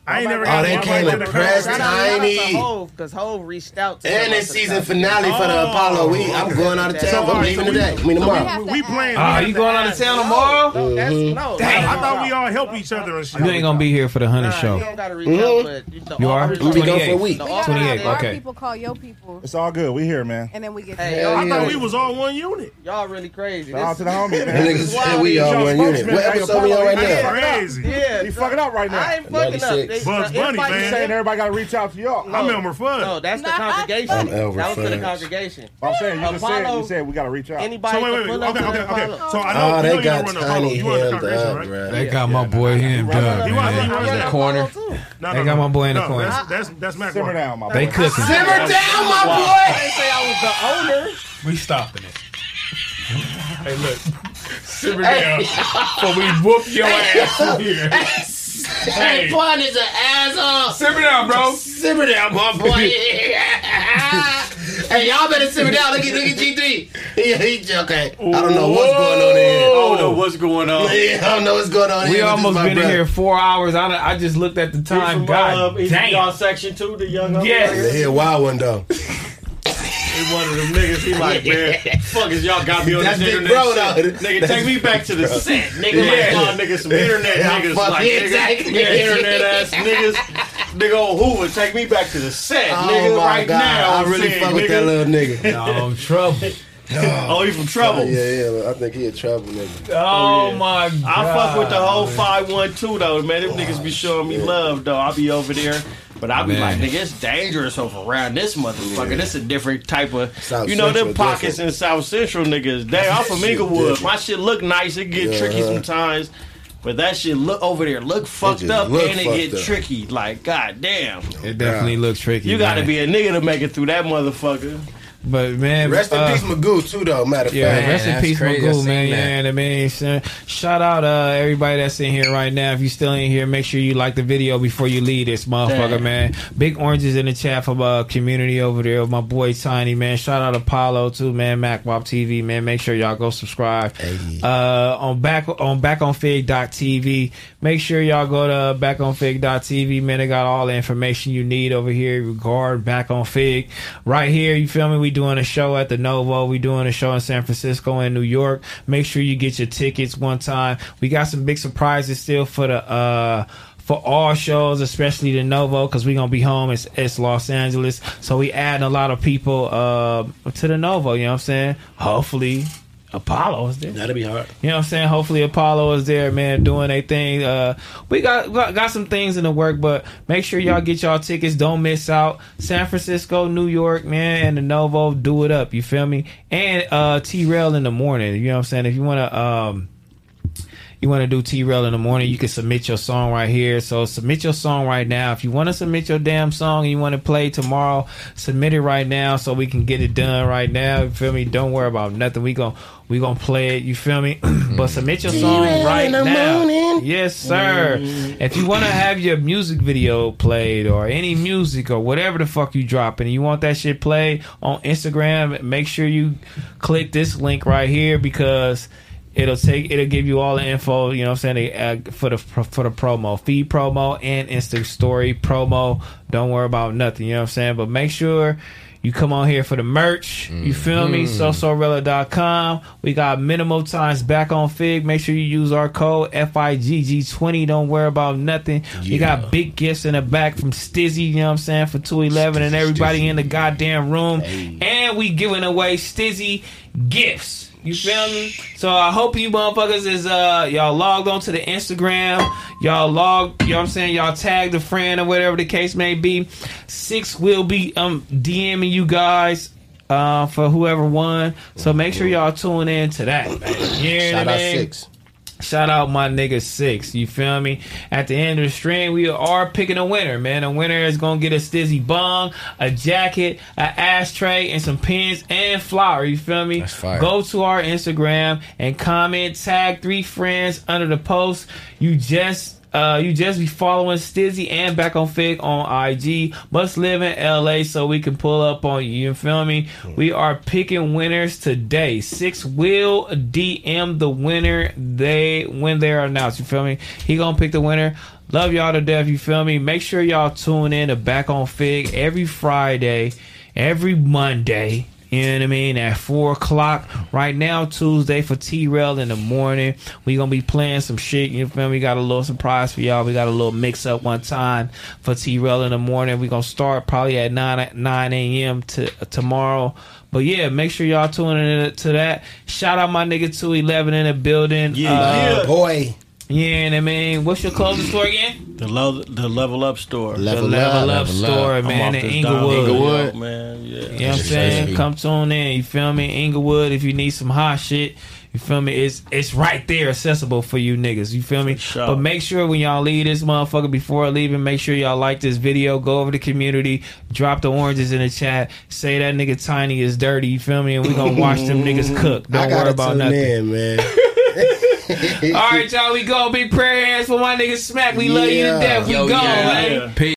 [SPEAKER 7] I ain't never
[SPEAKER 2] Oh,
[SPEAKER 7] got
[SPEAKER 2] they
[SPEAKER 7] an
[SPEAKER 2] came
[SPEAKER 7] invite to the
[SPEAKER 2] with press
[SPEAKER 7] congregation.
[SPEAKER 2] Tiny.
[SPEAKER 15] because Hove reached out to
[SPEAKER 2] And it's season finale for
[SPEAKER 7] Oh,
[SPEAKER 2] the Apollo. We, I'm going out of town. I'm leaving today. I mean tomorrow.
[SPEAKER 7] We playing.
[SPEAKER 1] Ah, you going out of town tomorrow?
[SPEAKER 15] No,
[SPEAKER 7] Damn, I thought we all help each other and shit.
[SPEAKER 1] You ain't gonna be here for the hundred show. You are?
[SPEAKER 15] offer is
[SPEAKER 1] You be
[SPEAKER 15] like-
[SPEAKER 1] gone for a week.
[SPEAKER 15] The
[SPEAKER 1] We
[SPEAKER 15] offer-
[SPEAKER 1] gotta have 28,
[SPEAKER 14] Our
[SPEAKER 1] okay.
[SPEAKER 14] people call your people,
[SPEAKER 16] It's all good. We here, man.
[SPEAKER 14] and then we get.
[SPEAKER 15] Hey,
[SPEAKER 14] to-
[SPEAKER 15] y'all,
[SPEAKER 7] I thought we was all one unit.
[SPEAKER 15] y'all really crazy.
[SPEAKER 16] Shout out
[SPEAKER 15] This-
[SPEAKER 16] to the homie, man.
[SPEAKER 2] Niggas said we all one unit. What episode we on right now?
[SPEAKER 7] Crazy.
[SPEAKER 15] Yeah,
[SPEAKER 16] You fucking up right now.
[SPEAKER 15] I ain't fucking up. They-
[SPEAKER 2] 96.
[SPEAKER 7] Bugs
[SPEAKER 15] the
[SPEAKER 7] Bunny,
[SPEAKER 15] invite
[SPEAKER 16] You
[SPEAKER 7] man.
[SPEAKER 16] saying everybody got to reach out to y'all.
[SPEAKER 7] I'm
[SPEAKER 16] I'm,
[SPEAKER 7] Elmer Fudd.
[SPEAKER 15] No, that's the congregation.
[SPEAKER 2] I'm
[SPEAKER 15] that
[SPEAKER 2] Elmer
[SPEAKER 15] was for the
[SPEAKER 2] Fudd.
[SPEAKER 16] saying
[SPEAKER 15] congregation.
[SPEAKER 16] you just said
[SPEAKER 15] Apollo-
[SPEAKER 16] you said we got to reach out.
[SPEAKER 15] Anybody
[SPEAKER 7] So wait,
[SPEAKER 15] can
[SPEAKER 7] wait, wait.
[SPEAKER 15] pull up
[SPEAKER 7] Okay,
[SPEAKER 15] to the
[SPEAKER 7] okay, okay.
[SPEAKER 15] Apollo.
[SPEAKER 7] So I know,
[SPEAKER 2] Oh,
[SPEAKER 7] you know
[SPEAKER 2] they
[SPEAKER 7] you don't
[SPEAKER 2] got
[SPEAKER 7] run the Apollo.
[SPEAKER 2] Tiny
[SPEAKER 7] You run the
[SPEAKER 2] hemmed
[SPEAKER 7] congregation,
[SPEAKER 2] up,
[SPEAKER 7] right?
[SPEAKER 2] bro.
[SPEAKER 1] They got my boy hemmed up,
[SPEAKER 16] He was- he
[SPEAKER 1] man.
[SPEAKER 16] was
[SPEAKER 1] In
[SPEAKER 16] that.
[SPEAKER 1] the corner.
[SPEAKER 7] No,
[SPEAKER 1] They
[SPEAKER 7] no,
[SPEAKER 1] got
[SPEAKER 7] no.
[SPEAKER 1] my boy in the
[SPEAKER 7] No,
[SPEAKER 1] corner.
[SPEAKER 7] That's that's that's Mac.
[SPEAKER 16] Simmer
[SPEAKER 7] Mark.
[SPEAKER 16] down, my
[SPEAKER 1] They
[SPEAKER 16] boy.
[SPEAKER 1] cooking.
[SPEAKER 6] Simmer down, my boy.
[SPEAKER 15] They say I was the owner.
[SPEAKER 1] We stopping it. hey, look. Simmer
[SPEAKER 6] Hey.
[SPEAKER 1] down. But we whoop your ass here.
[SPEAKER 6] Hey, Pun is an asshole.
[SPEAKER 1] Simmer down, bro.
[SPEAKER 6] Simmer down, my boy. hey, y'all better simmer down. Look at look at G3. He, he, okay.
[SPEAKER 2] I don't know what's going on in here.
[SPEAKER 3] Oh,
[SPEAKER 16] don't know what's going on.
[SPEAKER 2] Yeah, I don't know what's going on in
[SPEAKER 1] We
[SPEAKER 2] here. but this
[SPEAKER 1] almost
[SPEAKER 2] my
[SPEAKER 1] been in
[SPEAKER 2] brother.
[SPEAKER 1] here four hours. I, done- I just looked at the time. God damn.
[SPEAKER 16] section two, the young
[SPEAKER 1] Yes.
[SPEAKER 2] He a wild one though.
[SPEAKER 16] He one of them niggas. He like, man, fuck is y'all got me on
[SPEAKER 2] That's
[SPEAKER 16] this
[SPEAKER 2] big
[SPEAKER 16] internet
[SPEAKER 2] bro
[SPEAKER 16] shit.
[SPEAKER 2] though.
[SPEAKER 16] Nigga, take me back to the set, nigga.
[SPEAKER 6] Yeah.
[SPEAKER 16] Like, y'all niggas some internet
[SPEAKER 2] Yeah,
[SPEAKER 16] niggas,
[SPEAKER 2] fuck
[SPEAKER 16] like
[SPEAKER 2] yeah,
[SPEAKER 16] nigga,
[SPEAKER 2] exactly.
[SPEAKER 16] yeah, internet ass niggas. Nigga old Hoover, take me back to the set,
[SPEAKER 2] Oh
[SPEAKER 16] nigga,
[SPEAKER 2] my
[SPEAKER 16] right
[SPEAKER 2] God,
[SPEAKER 16] now.
[SPEAKER 2] I
[SPEAKER 16] I'm
[SPEAKER 2] really
[SPEAKER 16] saying,
[SPEAKER 2] fuck with that little nigga.
[SPEAKER 16] No, I'm trouble. oh, he from trouble.
[SPEAKER 2] Oh, yeah, yeah. I think he a trouble nigga.
[SPEAKER 16] Oh, yeah.
[SPEAKER 1] my god.
[SPEAKER 16] I fuck with the whole 512 though, man. Them niggas be showing me love though. I be over there. But I be
[SPEAKER 2] Man.
[SPEAKER 16] like, nigga, it's dangerous over around this motherfucker.
[SPEAKER 2] Yeah.
[SPEAKER 16] This a different type of,
[SPEAKER 2] South
[SPEAKER 16] you know,
[SPEAKER 2] Central
[SPEAKER 16] them pockets
[SPEAKER 2] different.
[SPEAKER 16] in South Central niggas. They, I'm from
[SPEAKER 2] Shit
[SPEAKER 16] Inglewood.
[SPEAKER 2] different.
[SPEAKER 16] My shit look nice. It get
[SPEAKER 2] Yeah,
[SPEAKER 16] tricky
[SPEAKER 2] uh-huh.
[SPEAKER 16] sometimes, but that shit look over there look fucked
[SPEAKER 2] just
[SPEAKER 16] up
[SPEAKER 2] look
[SPEAKER 16] and it
[SPEAKER 2] fucked
[SPEAKER 16] get
[SPEAKER 2] up.
[SPEAKER 16] tricky. Like, goddamn,
[SPEAKER 1] It definitely looks tricky.
[SPEAKER 16] you got to
[SPEAKER 1] man.
[SPEAKER 16] be a nigga to make it through that motherfucker.
[SPEAKER 1] But man,
[SPEAKER 2] Rest in
[SPEAKER 1] uh,
[SPEAKER 2] peace, Magoo, too, though. Matter of
[SPEAKER 1] Yeah,
[SPEAKER 2] fact.
[SPEAKER 1] rest in peace,
[SPEAKER 2] crazy. I
[SPEAKER 1] Magoo,
[SPEAKER 2] seen
[SPEAKER 1] man.
[SPEAKER 2] that.
[SPEAKER 1] Yeah, the man. son. Shout out uh, everybody that's in here right now. If you still in here, make sure you like the video before you leave this motherfucker,
[SPEAKER 16] Damn.
[SPEAKER 1] man. Big oranges in the chat from uh, community over there. My boy Tiny, man. Shout out Apollo too, man. MacWop TV, man. Make sure y'all go subscribe uh, on back on back on fig.tv. Make sure y'all go to back on fig.tv, man. They got all the information you need over here regard back on fig. Right here, you feel me? We doing a show at the Novo. We doing a show in San Francisco and New York. Make sure you get your tickets one time. We got some big surprises still for the uh for all shows, especially the Novo, because we're gonna be home. It's, it's Los Angeles, so we adding a lot of people uh, to the Novo. You know what I'm saying? Hopefully, Apollo is there.
[SPEAKER 2] That'd be hard.
[SPEAKER 1] You know what I'm saying? Hopefully Apollo is there, man, doing a thing. Uh, we got, got got some things in the work, but make sure y'all get y'all tickets. Don't miss out. San Francisco, New York, man, and the Novo, do it up. You feel me? And uh, T Rail in the morning. You know what I'm saying? If you wanna um, you want to do T Rail in the morning, you can submit your song right here. So submit your song right now. If you want to submit your damn song and you want to play tomorrow, submit it right now so we can get it done right now. You feel me? Don't worry about nothing. We gon' we gonna play it. You feel me? but submit your song
[SPEAKER 2] Mm. T-Rail in
[SPEAKER 1] right
[SPEAKER 2] the
[SPEAKER 1] now.
[SPEAKER 2] morning. Mm.
[SPEAKER 1] Yes, sir. If you want to have your music video played or any music or whatever the fuck you dropping, and you want that shit played on Instagram, make sure you click this link right here because it'll take it'll give you all the info you know what i'm saying uh, for the for the promo feed promo and insta story promo don't worry about nothing you know what i'm saying but make sure you come on here for the merch you feel me so sorella.com we got minimal times back on fig make sure you use our code figg20 don't worry about nothing we got big gifts in the back from stizzy you know what i'm saying for 211 and everybody in the goddamn room and we giving away stizzy gifts you feel me? So I hope you motherfuckers is uh y'all logged on to the Instagram. Y'all log, you know what I'm saying? Y'all tagged a friend or whatever the case may be. Six will be um DMing you guys uh for whoever won. So make sure y'all tune in to that. Man. You know
[SPEAKER 2] Shout
[SPEAKER 1] what I
[SPEAKER 2] out
[SPEAKER 1] mean?
[SPEAKER 2] Six.
[SPEAKER 1] Shout out my nigga Six. You feel me? At the end of the stream, we are picking a winner, man. A winner is gonna get a stizzy bong, a jacket, a ashtray, and some pins and flour. You feel me?
[SPEAKER 4] fire.
[SPEAKER 1] Go to our Instagram and comment, tag three friends under the post. You just uh, you just be following Stizzy and back on Fig on IG. Must live in LA so we can pull up on you. You feel me? We are picking winners today. Six will DM the winner they when they are announced. You feel me? He gonna pick the winner. Love y'all to death. You feel me? Make sure y'all tune in to Back on Fig every Friday, every Monday. You know what I mean? At four o'clock right now, Tuesday for T Rail in the morning. We gonna be playing some shit. You feel me? Got a little surprise for y'all. We got a little mix up one time for T Rail in the morning. We gonna start probably at nine nine a.m. to tomorrow. But yeah, make sure y'all tune in to that. Shout out my nigga two eleven in the building.
[SPEAKER 16] Yeah, yeah.
[SPEAKER 1] boy. Yeah, and I mean, what's your clothing store again?
[SPEAKER 16] The level, the level up store.
[SPEAKER 1] Level The Level Up Up. store,
[SPEAKER 16] I'm
[SPEAKER 1] man,
[SPEAKER 16] off
[SPEAKER 1] in
[SPEAKER 16] this
[SPEAKER 1] Inglewood.
[SPEAKER 16] down-
[SPEAKER 1] Inglewood.
[SPEAKER 16] man. Yeah,
[SPEAKER 1] You know what I'm saying? Come tune in. You feel me? Inglewood, if you need some hot shit, you feel me? It's it's right there accessible for you niggas. You feel me? But make sure when y'all leave this motherfucker before leaving, make sure y'all like this video. Go over to community, drop the oranges in the chat, say that nigga Tiny is dirty, you feel me? And we gonna watch them niggas cook. Don't
[SPEAKER 2] I gotta
[SPEAKER 1] worry about
[SPEAKER 2] tune
[SPEAKER 1] nothing.
[SPEAKER 2] in, man.
[SPEAKER 1] All right, y'all, we go. Big prayer hands for my nigga Smack. We love you to
[SPEAKER 2] Yeah.
[SPEAKER 1] death. We
[SPEAKER 2] Yo,
[SPEAKER 1] go,
[SPEAKER 2] yeah.
[SPEAKER 1] man.
[SPEAKER 2] Yeah.